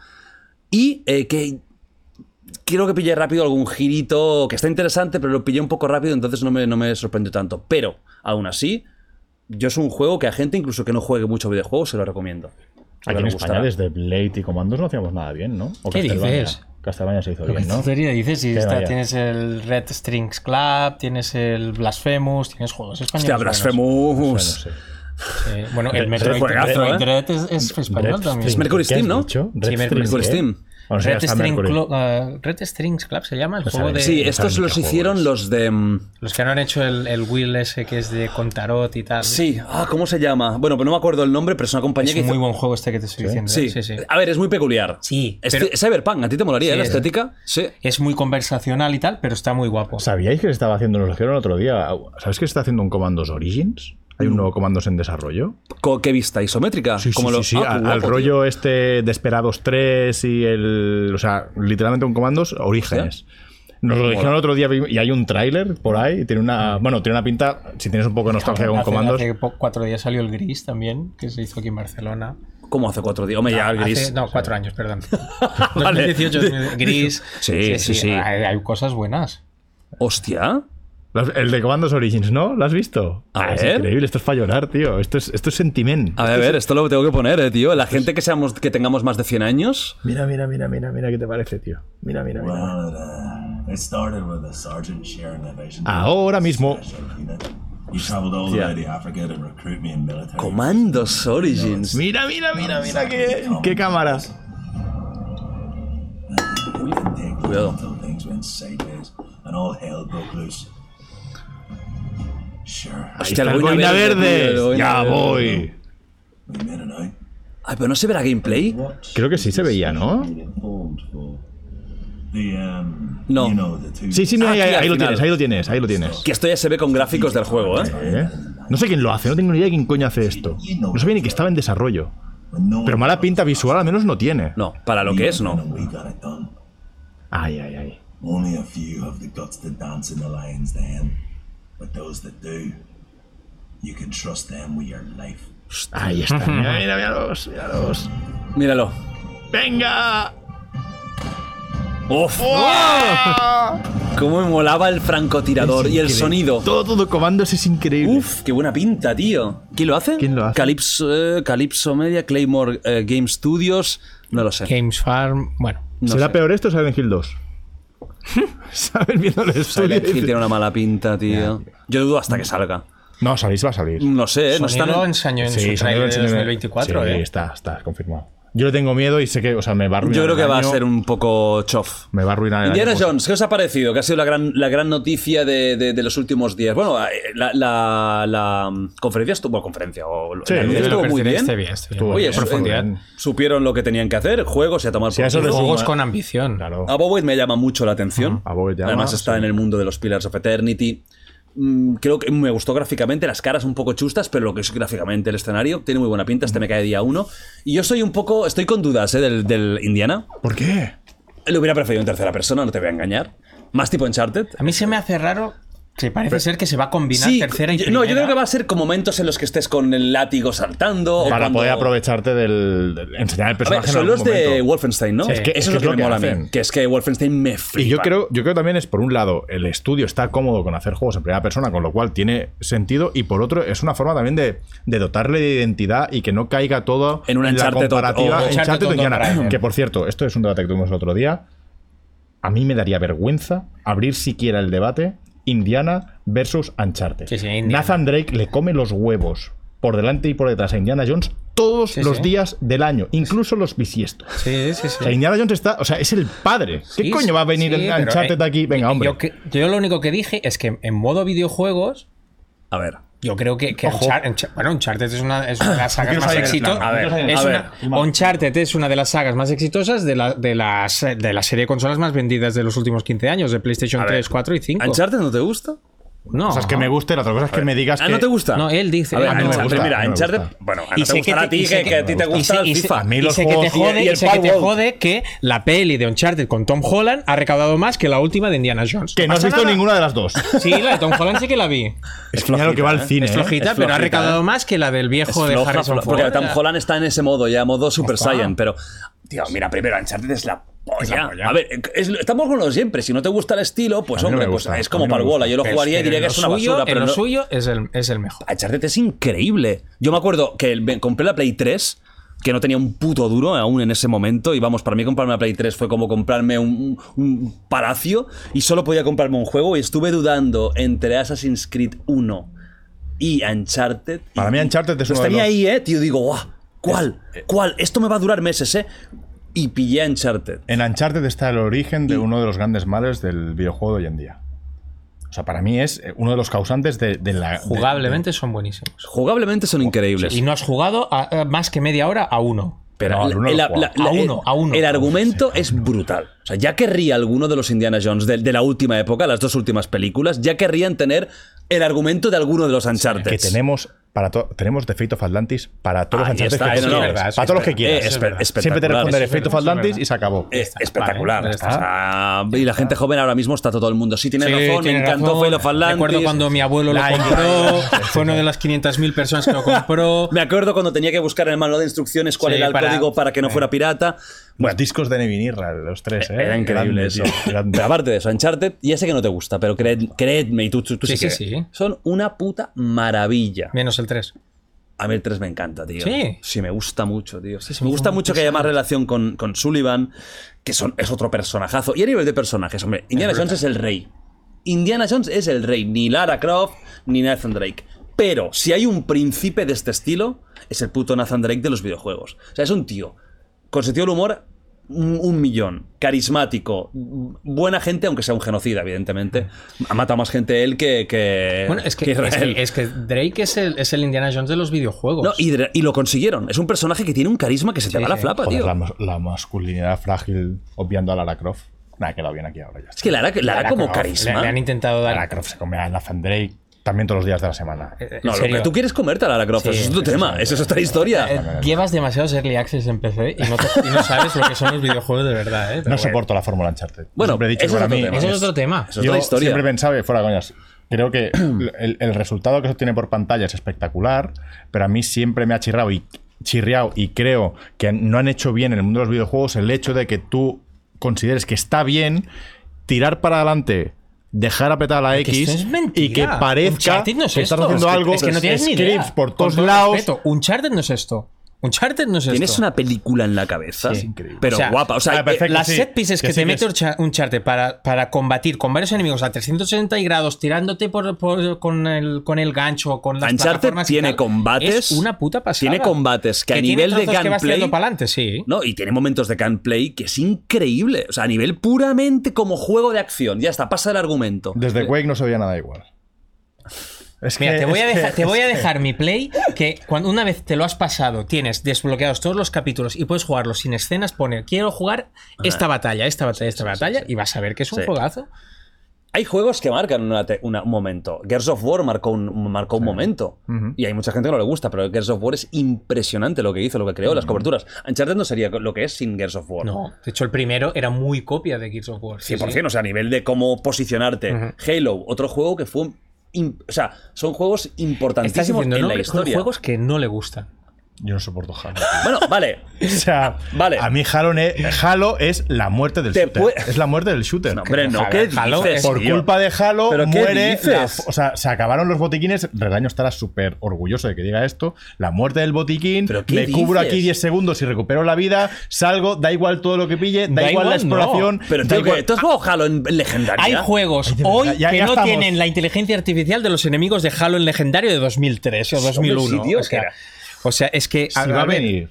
[SPEAKER 1] Y eh, que quiero que pille rápido algún girito que está interesante, pero lo pillé un poco rápido, entonces no me, no me sorprendió tanto. Pero, aún así, yo es un juego que a gente, incluso que no juegue mucho videojuegos, se lo recomiendo. Creo
[SPEAKER 2] Aquí
[SPEAKER 1] que
[SPEAKER 2] en
[SPEAKER 1] le
[SPEAKER 2] España
[SPEAKER 1] gustará.
[SPEAKER 2] desde Blade y Comandos no hacíamos nada bien, ¿no? O
[SPEAKER 6] ¿Qué
[SPEAKER 2] Castlevania.
[SPEAKER 6] dices?
[SPEAKER 2] Castlevania se hizo
[SPEAKER 1] Pues
[SPEAKER 2] bien, ¿no?
[SPEAKER 6] Tontería Pues dices, y
[SPEAKER 2] Qué
[SPEAKER 6] está-
[SPEAKER 2] vaya.
[SPEAKER 6] tienes el Red Strings Club, tienes el Blasphemous, tienes juegos españoles.
[SPEAKER 1] Hostia,
[SPEAKER 6] buenos.
[SPEAKER 2] Bueno,
[SPEAKER 1] Blasphemous.
[SPEAKER 2] sí.
[SPEAKER 6] Eh, bueno, el
[SPEAKER 2] Red-
[SPEAKER 6] Metroid,
[SPEAKER 1] juegazo,
[SPEAKER 6] Metroid
[SPEAKER 1] ¿eh?
[SPEAKER 6] Dread es, es español
[SPEAKER 2] Red
[SPEAKER 6] también.
[SPEAKER 2] String.
[SPEAKER 1] Mercury
[SPEAKER 2] ¿Qué
[SPEAKER 1] Steam,
[SPEAKER 2] has
[SPEAKER 1] ¿no?
[SPEAKER 2] dicho?
[SPEAKER 6] Sí, Mercury
[SPEAKER 1] Steam.
[SPEAKER 2] Steam. Bueno, sí,
[SPEAKER 6] Red,
[SPEAKER 2] está
[SPEAKER 6] String
[SPEAKER 2] Mercury.
[SPEAKER 6] Club, eh, Red Strings Club se llama el
[SPEAKER 2] No
[SPEAKER 6] juego de.
[SPEAKER 2] sabéis.
[SPEAKER 1] Pues Sí,
[SPEAKER 2] no
[SPEAKER 1] estos
[SPEAKER 2] saben ni
[SPEAKER 1] los
[SPEAKER 2] qué juego
[SPEAKER 1] hicieron
[SPEAKER 2] es.
[SPEAKER 1] los de... mm,
[SPEAKER 6] Los que no han hecho el, el Will ese que es de Contarot y tal.
[SPEAKER 1] Sí, ah, ¿cómo se llama? Bueno, pero no me acuerdo el nombre, pero es una compañía
[SPEAKER 6] Es
[SPEAKER 1] que
[SPEAKER 6] un
[SPEAKER 1] hizo-
[SPEAKER 3] ¿eh?
[SPEAKER 6] muy buen juego este que te estoy diciendo.
[SPEAKER 1] Sí.
[SPEAKER 6] sí, sí.
[SPEAKER 1] A ver, es muy peculiar.
[SPEAKER 6] Sí,
[SPEAKER 1] Es-
[SPEAKER 6] pero-
[SPEAKER 1] Este Cyberpunk, ¿a ti te molaría
[SPEAKER 6] Sí,
[SPEAKER 1] eh, la
[SPEAKER 6] es-
[SPEAKER 1] estética? Sí.
[SPEAKER 6] Es muy conversacional y tal, pero está muy guapo.
[SPEAKER 2] ¿Sabíais que se estaba haciendo? Nos lo dijeron el otro día. ¿Sabéis que se está haciendo un Comandos Origins? Hay un nuevo Comandos en desarrollo.
[SPEAKER 1] Co- ¿Qué vista? ¿Isométrica?
[SPEAKER 2] Mm. Sí, sí,
[SPEAKER 1] Como
[SPEAKER 2] sí,
[SPEAKER 1] lo-
[SPEAKER 2] sí,
[SPEAKER 1] Ah,
[SPEAKER 2] al,
[SPEAKER 1] guapo,
[SPEAKER 2] al
[SPEAKER 1] tío.
[SPEAKER 2] rollo este Desperados 3 y el. O sea, literalmente un comandos orígenes. Nos lo dijeron el otro día vi- y hay un tráiler por ahí. y Tiene una. Bueno, tiene una pinta. Si tienes un poco de nostalgia con
[SPEAKER 6] Hace-
[SPEAKER 2] comandos.
[SPEAKER 6] Hace po- cuatro días salió el Gris también, que se hizo aquí en Barcelona.
[SPEAKER 1] ¿Cómo hace cuatro días? Hombre, ya gris.
[SPEAKER 3] Hace- no, cuatro años, perdón.
[SPEAKER 1] Vale.
[SPEAKER 3] 2018, 2000, gris.
[SPEAKER 1] Sí, sí, sí.
[SPEAKER 3] Hay, hay cosas buenas.
[SPEAKER 1] Hostia.
[SPEAKER 2] Las- El de Commandos Origins, ¿no? ¿Lo has visto?
[SPEAKER 1] A
[SPEAKER 2] Ah, es
[SPEAKER 1] ver. Ah.
[SPEAKER 2] increíble, esto es para llorar, tío. Esto es, esto es sentiment.
[SPEAKER 1] A ver, a ver, esto lo tengo que poner, eh, tío. La
[SPEAKER 2] Pues-
[SPEAKER 1] gente que, seamos, que tengamos más de 100 años.
[SPEAKER 2] Mira, mira, mira, mira, mira qué te parece, tío. Mira, mira, mira.
[SPEAKER 8] Well, it, uh, it started with a Sergeant Sharon Innovation
[SPEAKER 2] Ahora mismo.
[SPEAKER 8] Special Unit. He traveled all the
[SPEAKER 1] Yeah.
[SPEAKER 8] way to Africa to recruit me in military.
[SPEAKER 1] Commandos Origins.
[SPEAKER 2] Mira, mira, mira, mira qué, qué cámaras.
[SPEAKER 8] We didn't take
[SPEAKER 1] Cuidado.
[SPEAKER 8] long until things went sideways and all hell broke loose. Sure,
[SPEAKER 1] Hostia,
[SPEAKER 2] Está
[SPEAKER 1] el
[SPEAKER 2] el
[SPEAKER 1] boina
[SPEAKER 2] boina
[SPEAKER 1] verde,
[SPEAKER 2] verde.
[SPEAKER 1] tío, el boina
[SPEAKER 2] Ya
[SPEAKER 1] verde.
[SPEAKER 2] voy.
[SPEAKER 8] we made it out.
[SPEAKER 1] Ay, pero no se verá gameplay.
[SPEAKER 2] Creo que sí se veía, ¿no?
[SPEAKER 8] The, um,
[SPEAKER 1] No.
[SPEAKER 8] You know, the two
[SPEAKER 2] Sí, sí, no,
[SPEAKER 1] Ah,
[SPEAKER 2] ahí,
[SPEAKER 1] aquí,
[SPEAKER 2] ahí
[SPEAKER 1] al
[SPEAKER 2] lo
[SPEAKER 1] final.
[SPEAKER 2] tienes, ahí lo tienes, ahí lo tienes.
[SPEAKER 1] Que esto ya se ve con gráficos del juego, ¿eh?
[SPEAKER 2] ¿Eh? No sé quién lo hace, no tengo ni idea de quién coño hace esto. No sabía ni que estaba en desarrollo.
[SPEAKER 8] when no
[SPEAKER 2] Pero
[SPEAKER 8] one
[SPEAKER 2] mala pinta visual al menos no tiene.
[SPEAKER 1] No, para lo que es, no.
[SPEAKER 8] and we got it done.
[SPEAKER 2] Ay, ay, ay.
[SPEAKER 8] Only a few have the guts to dance in the lion's den, but those that do, you can trust them with your life.
[SPEAKER 2] Ahí está. Mira, mira, míralos, míralos.
[SPEAKER 1] Míralo.
[SPEAKER 2] ¡Venga!
[SPEAKER 1] ¡Uf!
[SPEAKER 2] ¡Uah!
[SPEAKER 1] ¡Cómo me molaba el francotirador y el sonido!
[SPEAKER 2] Todo, todo comandos es increíble.
[SPEAKER 1] ¡Uf! ¡Qué buena pinta, tío! ¿Quién lo hace?
[SPEAKER 2] ¿Quién lo hace?
[SPEAKER 1] Calypso, eh, Calypso Media, Claymore eh, Game Studios. No lo sé.
[SPEAKER 3] Games Farm, bueno.
[SPEAKER 1] No
[SPEAKER 2] ¿Será
[SPEAKER 1] sé.
[SPEAKER 2] peor esto o Silent Hill 2? ¿Sabes? Viendo el estudio.
[SPEAKER 1] Silent Hill
[SPEAKER 2] dices-
[SPEAKER 1] tiene una mala pinta, tío. Yo dudo hasta que salga.
[SPEAKER 2] No, salís, va a salir.
[SPEAKER 1] No sé, ¿eh? no están.
[SPEAKER 3] Sonido enseñó en su
[SPEAKER 2] salió
[SPEAKER 3] trailer
[SPEAKER 2] en
[SPEAKER 3] de
[SPEAKER 2] el-
[SPEAKER 3] 2024,
[SPEAKER 2] Sí,
[SPEAKER 3] ¿eh?
[SPEAKER 2] está, está, confirmado. Yo le tengo miedo y sé que, o sea, me va a arruinar
[SPEAKER 1] Yo creo
[SPEAKER 2] el
[SPEAKER 1] que va a
[SPEAKER 2] año,
[SPEAKER 1] ser un poco chof.
[SPEAKER 2] Me va a arruinar el
[SPEAKER 1] Indiana
[SPEAKER 2] año,
[SPEAKER 1] Jones, ¿qué os ha parecido? Que ha sido la gran, la gran noticia de, de- de los últimos días. Bueno, eh, la, la- la, mm, conferencia estuvo, bueno, conferencia, o
[SPEAKER 2] Sí,
[SPEAKER 1] la-
[SPEAKER 2] sí,
[SPEAKER 1] estuvo
[SPEAKER 2] la
[SPEAKER 1] muy bien.
[SPEAKER 3] Este bien, este bien.
[SPEAKER 2] Estuvo
[SPEAKER 1] Oye,
[SPEAKER 2] bien,
[SPEAKER 1] su-
[SPEAKER 2] profundidad.
[SPEAKER 1] eh, supieron lo que tenían que hacer, juegos y a tomar
[SPEAKER 2] Si a eso le
[SPEAKER 3] Juegos
[SPEAKER 2] suma-
[SPEAKER 3] con ambición.
[SPEAKER 2] Claro.
[SPEAKER 1] A Bob Wade me llama mucho la atención.
[SPEAKER 2] A Bob Wade llama,
[SPEAKER 1] Además está
[SPEAKER 2] sí.
[SPEAKER 1] en el mundo de los Pillars of Eternity. Mm, Creo que me gustó gráficamente, las caras un poco chustas, pero lo que es gráficamente el escenario tiene muy buena pinta. Este me cae día uno. Y yo soy un poco, estoy con dudas ¿eh? del, del Indiana.
[SPEAKER 2] ¿Por qué?
[SPEAKER 1] Lo hubiera preferido en tercera persona, no te voy a engañar. Más tipo Uncharted.
[SPEAKER 3] A mí se me hace raro que parece ser que se va a combinar
[SPEAKER 1] Sí,
[SPEAKER 3] tercera y
[SPEAKER 1] yo-
[SPEAKER 3] primera.
[SPEAKER 1] No, yo creo que va a ser como momentos en los que estés con el látigo saltando. o
[SPEAKER 2] Para
[SPEAKER 1] cuando-
[SPEAKER 2] poder aprovecharte del, del- enseñar el
[SPEAKER 1] A ver,
[SPEAKER 2] personaje.
[SPEAKER 1] son
[SPEAKER 2] en
[SPEAKER 1] los
[SPEAKER 2] algún
[SPEAKER 1] de
[SPEAKER 2] momento.
[SPEAKER 1] Wolfenstein, ¿no?
[SPEAKER 2] Sí, es que-
[SPEAKER 1] Eso es,
[SPEAKER 2] es que
[SPEAKER 1] lo
[SPEAKER 2] es
[SPEAKER 1] que
[SPEAKER 2] lo
[SPEAKER 1] me
[SPEAKER 2] que
[SPEAKER 1] mola a mí.
[SPEAKER 2] hacen.
[SPEAKER 1] Que es que Wolfenstein me flipa.
[SPEAKER 2] Y yo creo, yo creo también es, por un lado, el estudio está cómodo con hacer juegos en primera persona, con lo cual tiene sentido, y por otro, es una forma también de, de dotarle de identidad y que no caiga todo
[SPEAKER 1] En un
[SPEAKER 2] la
[SPEAKER 1] Uncharted o-
[SPEAKER 2] comparativa
[SPEAKER 1] o-
[SPEAKER 2] Uncharted
[SPEAKER 3] Uncharted
[SPEAKER 2] o
[SPEAKER 3] o
[SPEAKER 2] Indiana.
[SPEAKER 3] Tomb Raider.
[SPEAKER 2] Que por cierto, esto es un debate que tuvimos el otro día. A mí me daría vergüenza abrir siquiera el debate Indiana versus Uncharted.
[SPEAKER 3] Sí, sí, Indiana.
[SPEAKER 2] Nathan Drake le come los huevos por delante y por detrás a Indiana Jones todos
[SPEAKER 3] Sí,
[SPEAKER 2] los
[SPEAKER 3] sí.
[SPEAKER 2] días del año, incluso los bisiestos.
[SPEAKER 3] Sí, sí, sí.
[SPEAKER 2] O sea, Indiana Jones está. O sea, es el padre. ¿Qué
[SPEAKER 3] Sí,
[SPEAKER 2] coño va a venir
[SPEAKER 3] sí,
[SPEAKER 2] el
[SPEAKER 3] pero,
[SPEAKER 2] Uncharted
[SPEAKER 3] eh,
[SPEAKER 2] aquí? Venga, hombre.
[SPEAKER 3] Yo, que- yo lo único que dije es que en modo videojuegos,
[SPEAKER 1] A ver.
[SPEAKER 3] yo creo que, que
[SPEAKER 2] Ojo.
[SPEAKER 3] Unchar- Unchar- bueno, Uncharted es una, es una de las sagas
[SPEAKER 2] quiero
[SPEAKER 3] más
[SPEAKER 2] salir en
[SPEAKER 3] exitosas.
[SPEAKER 2] plan, a ver, yo quiero
[SPEAKER 3] Es
[SPEAKER 2] salir en
[SPEAKER 3] una-
[SPEAKER 2] plan.
[SPEAKER 3] Uncharted es una de las sagas más exitosas de la, de, la, se- de la serie de consolas más vendidas de los últimos 15 años, de PlayStation 3, 4 y 5.
[SPEAKER 1] ¿Uncharted no te gusta?
[SPEAKER 3] No.
[SPEAKER 2] O sea, es que me guste, la otra cosa es que me digas
[SPEAKER 1] Ah,
[SPEAKER 2] que.
[SPEAKER 1] no te gusta.
[SPEAKER 3] No, él dice-
[SPEAKER 1] A ver,
[SPEAKER 3] Ah, no me
[SPEAKER 1] Uncharted,
[SPEAKER 2] gusta,
[SPEAKER 1] mira,
[SPEAKER 2] no me
[SPEAKER 1] Uncharted.
[SPEAKER 2] gusta.
[SPEAKER 1] Bueno, a
[SPEAKER 3] Y
[SPEAKER 1] no te
[SPEAKER 3] sé que
[SPEAKER 1] gustará a ti,
[SPEAKER 3] te- y sé
[SPEAKER 1] que,
[SPEAKER 3] que-
[SPEAKER 1] que a ti te
[SPEAKER 2] y
[SPEAKER 1] gusta
[SPEAKER 3] sé-
[SPEAKER 1] el
[SPEAKER 3] sé-
[SPEAKER 1] FIFA.
[SPEAKER 2] a mí
[SPEAKER 3] y
[SPEAKER 2] los
[SPEAKER 3] sé que te
[SPEAKER 2] juegos-
[SPEAKER 3] jode,
[SPEAKER 1] y- y el
[SPEAKER 3] sé que, te
[SPEAKER 1] Powerwall.
[SPEAKER 3] jode que la peli de Uncharted con Tom Holland ha recaudado más que la última de Indiana Jones.
[SPEAKER 2] Que no has
[SPEAKER 3] pasa
[SPEAKER 2] visto
[SPEAKER 3] nada.
[SPEAKER 2] ninguna de las dos.
[SPEAKER 3] Sí, la de Tom Holland sí que la vi.
[SPEAKER 2] es que mira lo que va al cine.
[SPEAKER 3] Es
[SPEAKER 2] ¿eh?
[SPEAKER 3] flojita,
[SPEAKER 1] Es
[SPEAKER 3] pero ha
[SPEAKER 1] flojita,
[SPEAKER 3] recaudado
[SPEAKER 1] ¿eh?
[SPEAKER 3] más que la del
[SPEAKER 1] Es
[SPEAKER 3] viejo de
[SPEAKER 1] floja,
[SPEAKER 3] Harrison
[SPEAKER 1] floja,
[SPEAKER 3] Ford.
[SPEAKER 1] porque Tom Holland está en ese modo ya, modo Super
[SPEAKER 3] Está.
[SPEAKER 1] Saiyan, pero. Tío, mira, primero, Uncharted es la polla. A ver, es- estamos con lo de siempre. Si no te gusta el estilo, pues
[SPEAKER 2] A mí no
[SPEAKER 1] hombre,
[SPEAKER 2] me
[SPEAKER 1] pues
[SPEAKER 2] gusta,
[SPEAKER 1] es
[SPEAKER 2] a
[SPEAKER 1] como
[SPEAKER 2] mí no me
[SPEAKER 1] Parwola.
[SPEAKER 2] gusta.
[SPEAKER 1] Yo lo
[SPEAKER 3] Pero-
[SPEAKER 1] jugaría y
[SPEAKER 3] pero
[SPEAKER 1] diría
[SPEAKER 3] en
[SPEAKER 1] que
[SPEAKER 3] lo
[SPEAKER 1] es una
[SPEAKER 3] suyo-
[SPEAKER 1] basura, pero
[SPEAKER 3] en lo
[SPEAKER 1] no-
[SPEAKER 3] suyo es el, es el mejor.
[SPEAKER 1] Uncharted es increíble. Yo me acuerdo que me compré la Play 3, que no tenía un puto duro aún en ese momento. Y vamos, para mí comprarme la Play 3 fue como comprarme un, un palacio y solo podía comprarme un juego. Y estuve dudando entre Assassin's Creed 1 y Uncharted. y-
[SPEAKER 2] Para mí, Uncharted es
[SPEAKER 1] los
[SPEAKER 2] uno de
[SPEAKER 1] tenía
[SPEAKER 2] los- eh,
[SPEAKER 1] ahí, ¿eh? Tío, digo, guau, ¿cuál? ¿Cuál? Esto me va a durar meses, ¿eh? Y pillé Uncharted.
[SPEAKER 2] En Uncharted está el origen de uno de los grandes males del videojuego de hoy en día. O sea, para mí es eh, uno de los causantes de, de la. de-
[SPEAKER 3] Jugablemente son buenísimos.
[SPEAKER 1] Jugablemente son increíbles.
[SPEAKER 3] Y no has jugado a- a más que media hora a uno.
[SPEAKER 1] Pero
[SPEAKER 2] No, al uno
[SPEAKER 1] el-
[SPEAKER 2] lo
[SPEAKER 1] la-
[SPEAKER 2] juega.
[SPEAKER 1] la- la-
[SPEAKER 3] A uno, a uno.
[SPEAKER 1] el argumento es brutal. O sea, ya querría alguno de los Indiana Jones de, de la última época, las dos últimas películas, ya querrían tener el argumento de alguno de los Uncharted.
[SPEAKER 2] que tenemos para to- tenemos The Fate of Atlantis para todos
[SPEAKER 1] Ahí
[SPEAKER 2] los Uncharted
[SPEAKER 1] está,
[SPEAKER 2] que
[SPEAKER 1] eh, no,
[SPEAKER 2] quieras.
[SPEAKER 1] no, es
[SPEAKER 2] para todos los que
[SPEAKER 1] verdad,
[SPEAKER 2] quieras.
[SPEAKER 1] eh, es ver-
[SPEAKER 2] Siempre te
[SPEAKER 1] espectacular,
[SPEAKER 2] responde The
[SPEAKER 1] es
[SPEAKER 2] Fate of
[SPEAKER 3] verdad,
[SPEAKER 2] Atlantis
[SPEAKER 3] es
[SPEAKER 2] y se acabó.
[SPEAKER 1] Eh, espectacular.
[SPEAKER 3] Vale, ya
[SPEAKER 1] O sea, y la gente joven ahora mismo está todo el mundo. Sí, tiene razón, me encantó Fate of Atlantis.
[SPEAKER 3] Recuerdo cuando mi abuelo lo
[SPEAKER 2] Like,
[SPEAKER 3] compró. Fue una de las 500.000 personas que lo compró.
[SPEAKER 1] Me acuerdo cuando tenía que buscar en el manual de instrucciones cuál
[SPEAKER 3] Sí,
[SPEAKER 1] era el
[SPEAKER 3] para-
[SPEAKER 1] código para que no fuera pirata.
[SPEAKER 2] Los discos de Nevinirra, los tres, ¿eh?
[SPEAKER 1] Era increíble
[SPEAKER 2] Grande,
[SPEAKER 1] eso.
[SPEAKER 2] tío, grande.
[SPEAKER 1] Pero aparte de eso, Uncharted, ya sé que no te gusta, pero creed- creedme, y tú, tú, tú sí,
[SPEAKER 3] Sí,
[SPEAKER 1] que
[SPEAKER 3] sí, sí.
[SPEAKER 1] son una puta maravilla.
[SPEAKER 3] Menos el 3.
[SPEAKER 1] A mí el 3 me encanta, tío.
[SPEAKER 3] Sí.
[SPEAKER 1] Sí, me gusta mucho, tío.
[SPEAKER 3] sí,
[SPEAKER 1] me
[SPEAKER 3] son
[SPEAKER 1] gusta
[SPEAKER 3] muy
[SPEAKER 1] mucho que haya más relación con, con Sullivan, que son, es otro personajazo. Y a nivel de personajes, hombre, Indiana Jones es el rey. Indiana Jones es el rey, ni Lara Croft ni Nathan Drake. Pero si hay un príncipe de este estilo, es el puto Nathan Drake de los videojuegos. O sea, es un tío con sentido del humor un, un millón, carismático, buena gente, aunque sea un genocida, evidentemente. Ha matado más gente él que, que,
[SPEAKER 3] Bueno, es que,
[SPEAKER 1] que
[SPEAKER 3] es que-
[SPEAKER 1] Eh, Israel.
[SPEAKER 3] es que Drake es el, es el Indiana Jones de los videojuegos.
[SPEAKER 1] No, y, de- y lo consiguieron. Es un personaje que tiene un carisma que se te va la flapa,
[SPEAKER 2] Joder,
[SPEAKER 1] Pues, tío.
[SPEAKER 2] la, mas- la masculinidad frágil, obviando a Lara Croft. Nada, quedado bien aquí ahora ya.
[SPEAKER 1] Es que Lara, Lara,
[SPEAKER 3] Lara
[SPEAKER 1] como
[SPEAKER 3] Croft,
[SPEAKER 1] carisma.
[SPEAKER 3] Le, le han intentado dar.
[SPEAKER 2] Lara Croft se come a Nathan Drake también todos los días de la semana.
[SPEAKER 3] Eh, en
[SPEAKER 1] no, lo
[SPEAKER 3] serio.
[SPEAKER 1] que tú quieres comerte a Lara Croft,
[SPEAKER 3] Sí,
[SPEAKER 1] eso es tu tema, eso es otra
[SPEAKER 3] Eh,
[SPEAKER 1] historia.
[SPEAKER 3] llevas demasiados early access en PC y no, te- y no sabes lo que son los videojuegos de verdad, ¿eh? Pero
[SPEAKER 2] No
[SPEAKER 3] bueno.
[SPEAKER 2] soporto la fórmula Uncharted.
[SPEAKER 1] Bueno,
[SPEAKER 2] siempre he dicho
[SPEAKER 1] eso es
[SPEAKER 2] que para
[SPEAKER 1] otro
[SPEAKER 2] mí.
[SPEAKER 1] tema.
[SPEAKER 3] Eso es otro tema.
[SPEAKER 1] Eso es otra
[SPEAKER 2] yo
[SPEAKER 1] historia.
[SPEAKER 2] Siempre pensaba, y fuera coñas, creo que el, el resultado que se obtiene por pantalla es espectacular, pero a mí siempre me ha chirrado y chirriado y creo que no han hecho bien en el mundo de los videojuegos el hecho de que tú consideres que está bien tirar para adelante. Dejar apretada la
[SPEAKER 3] que
[SPEAKER 2] X
[SPEAKER 3] esto es mentira.
[SPEAKER 2] y que parezca
[SPEAKER 3] Uncharted no es
[SPEAKER 2] que estás
[SPEAKER 3] esto.
[SPEAKER 2] haciendo
[SPEAKER 3] Es que-
[SPEAKER 2] algo
[SPEAKER 3] Es que no tienes ni
[SPEAKER 2] scripts
[SPEAKER 3] idea.
[SPEAKER 2] por
[SPEAKER 3] Con
[SPEAKER 2] todos
[SPEAKER 3] todo
[SPEAKER 2] lados.
[SPEAKER 3] respeto, Uncharted no es esto. Uncharted no es esto.
[SPEAKER 1] Tienes una película en la cabeza, pero
[SPEAKER 3] O sea,
[SPEAKER 1] guapa. O sea, eh,
[SPEAKER 2] ah, perfecto.
[SPEAKER 3] Las
[SPEAKER 2] sí,
[SPEAKER 3] set pieces
[SPEAKER 2] que
[SPEAKER 3] que,
[SPEAKER 2] sí
[SPEAKER 3] te
[SPEAKER 2] que
[SPEAKER 3] mete
[SPEAKER 2] es-
[SPEAKER 3] Uncha- Uncharted para, para combatir con varios enemigos a 360 grados, tirándote por, por- con, el, con el gancho, con las
[SPEAKER 1] Uncharted
[SPEAKER 3] plataformas y
[SPEAKER 1] tiene
[SPEAKER 3] tal,
[SPEAKER 1] combates.
[SPEAKER 3] Es una puta pasada.
[SPEAKER 1] Tiene combates que a
[SPEAKER 3] tiene
[SPEAKER 1] nivel de
[SPEAKER 3] trozos que vas
[SPEAKER 1] gunplay-
[SPEAKER 3] tirando para adelante, sí.
[SPEAKER 1] No, y tiene momentos de gunplay que es increíble. O sea, a nivel puramente como juego de acción. Ya está, pasa el argumento. Eh,
[SPEAKER 2] Desde Quake no se veía nada igual. Es
[SPEAKER 3] Mira,
[SPEAKER 2] que-
[SPEAKER 3] te voy, a
[SPEAKER 2] es que-
[SPEAKER 3] dejar, te voy a dejar mi play que cuando una vez te lo has pasado, tienes desbloqueados todos los capítulos y puedes jugarlos sin escenas, pone quiero jugar esta batalla, esta batalla, esta batalla, y vas a ver que es un
[SPEAKER 1] Sí.
[SPEAKER 3] juegazo.
[SPEAKER 1] Hay juegos que marcan una te- una- un momento. Gears of War marcó un, marcó un momento. Y hay mucha gente que no le gusta, pero Gears of War es impresionante lo que hizo, lo que creó, las coberturas. Uncharted no sería lo que es sin Gears of War.
[SPEAKER 3] No, de hecho el primero era muy copia de Gears of War. sí,
[SPEAKER 1] 100%,
[SPEAKER 3] sí.
[SPEAKER 1] o sea, a nivel de cómo posicionarte. Halo, otro juego que fue... un- im- o sea, son juegos
[SPEAKER 3] Estás
[SPEAKER 1] importantísimos
[SPEAKER 3] diciendo
[SPEAKER 1] en la
[SPEAKER 3] nombres son
[SPEAKER 1] historia.
[SPEAKER 3] juegos que no le gustan.
[SPEAKER 2] Yo no soporto Halo.
[SPEAKER 1] Bueno, vale.
[SPEAKER 2] O sea,
[SPEAKER 1] Vale.
[SPEAKER 2] a mí Halo, ne- Halo es la muerte del
[SPEAKER 1] Te
[SPEAKER 2] shooter.
[SPEAKER 1] puede-
[SPEAKER 2] Es la muerte del shooter.
[SPEAKER 1] No, hombre, no, ¿qué
[SPEAKER 3] Halo
[SPEAKER 1] dices,
[SPEAKER 2] Por
[SPEAKER 1] tío?
[SPEAKER 2] culpa de Halo
[SPEAKER 1] ¿Pero qué
[SPEAKER 2] muere. la-
[SPEAKER 1] dices?
[SPEAKER 2] o sea, se acabaron los botiquines. Redaño estará súper orgulloso de que diga esto. La muerte del botiquín.
[SPEAKER 1] ¿Pero qué
[SPEAKER 2] Me cubro
[SPEAKER 1] dices?
[SPEAKER 2] aquí 10 segundos y recupero la vida. Salgo, da igual todo lo que pille, da,
[SPEAKER 3] Da
[SPEAKER 2] igual, la
[SPEAKER 3] igual, no.
[SPEAKER 2] exploración.
[SPEAKER 1] Pero
[SPEAKER 2] da
[SPEAKER 1] tío,
[SPEAKER 2] igual-
[SPEAKER 1] que- ¿tú has jugado Halo en en legendaria?
[SPEAKER 3] Hay juegos
[SPEAKER 2] de verdad,
[SPEAKER 3] hoy
[SPEAKER 2] ya-
[SPEAKER 3] que
[SPEAKER 2] ya
[SPEAKER 3] no
[SPEAKER 2] estamos.
[SPEAKER 3] tienen la inteligencia artificial de los enemigos de Halo en legendario de 2003 o 2001.
[SPEAKER 1] sí, tío,
[SPEAKER 3] o,
[SPEAKER 1] que
[SPEAKER 3] sea,
[SPEAKER 1] era.
[SPEAKER 3] o sea, es que...
[SPEAKER 2] Si va a venir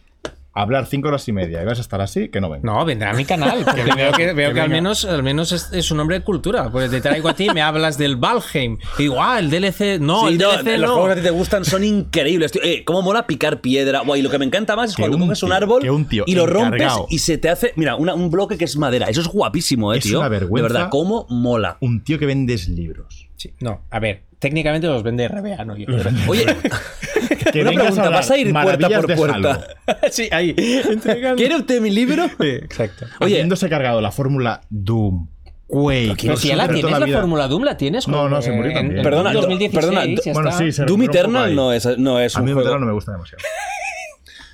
[SPEAKER 2] a hablar 5 horas y media y vas a estar así, que no venga.
[SPEAKER 3] No, vendrá a mi canal, porque veo que, veo que al menos, al menos es, es un hombre de cultura. Pues te traigo a ti, me hablas del Valheim. Y digo, ah, el DLC. No,
[SPEAKER 1] Sí,
[SPEAKER 3] el
[SPEAKER 1] no,
[SPEAKER 3] DLC
[SPEAKER 1] los
[SPEAKER 3] no.
[SPEAKER 1] juegos que a ti te gustan son increíbles. tío. Eh, cómo mola picar piedra. Guay, lo que me encanta más es
[SPEAKER 2] Que
[SPEAKER 1] cuando
[SPEAKER 2] un
[SPEAKER 1] coges un
[SPEAKER 2] tío-
[SPEAKER 1] árbol
[SPEAKER 2] que un tío
[SPEAKER 1] y lo rompes
[SPEAKER 2] encargado.
[SPEAKER 1] y se te hace, mira, una- un bloque que es madera. Eso es guapísimo, eh,
[SPEAKER 2] Es
[SPEAKER 1] tío.
[SPEAKER 2] una vergüenza.
[SPEAKER 1] De verdad, cómo mola.
[SPEAKER 2] Un tío que vendes libros.
[SPEAKER 3] Sí, no, a ver, técnicamente los vende RBA, no yo.
[SPEAKER 1] Oye,
[SPEAKER 2] Que
[SPEAKER 1] una
[SPEAKER 2] vengas
[SPEAKER 1] pregunta,
[SPEAKER 2] hablar
[SPEAKER 1] ¿vas a ir puerta
[SPEAKER 2] maravillas
[SPEAKER 1] por
[SPEAKER 2] de
[SPEAKER 1] puerta?
[SPEAKER 2] Halo.
[SPEAKER 3] sí, ahí. entregando.
[SPEAKER 1] ¿quiere usted mi libro?
[SPEAKER 3] Exacto.
[SPEAKER 1] Oye,
[SPEAKER 2] habiéndose cargado la fórmula Doom, Quake,
[SPEAKER 3] Pero si ya la
[SPEAKER 2] sobre todo
[SPEAKER 3] tienes, la,
[SPEAKER 2] vida.
[SPEAKER 3] fórmula Doom la tienes.
[SPEAKER 2] No,
[SPEAKER 3] con-
[SPEAKER 2] no, se murió
[SPEAKER 3] en-
[SPEAKER 2] también.
[SPEAKER 3] en
[SPEAKER 1] Perdona,
[SPEAKER 3] 2016,
[SPEAKER 1] perdona,
[SPEAKER 3] ya está.
[SPEAKER 2] Bueno, sí, se
[SPEAKER 1] Doom
[SPEAKER 2] recuperó un poco
[SPEAKER 1] Eternal
[SPEAKER 2] ahí.
[SPEAKER 1] no es, no es
[SPEAKER 2] A mí
[SPEAKER 1] un
[SPEAKER 2] Doom
[SPEAKER 1] juego. eh,
[SPEAKER 2] Eternal no me gusta demasiado.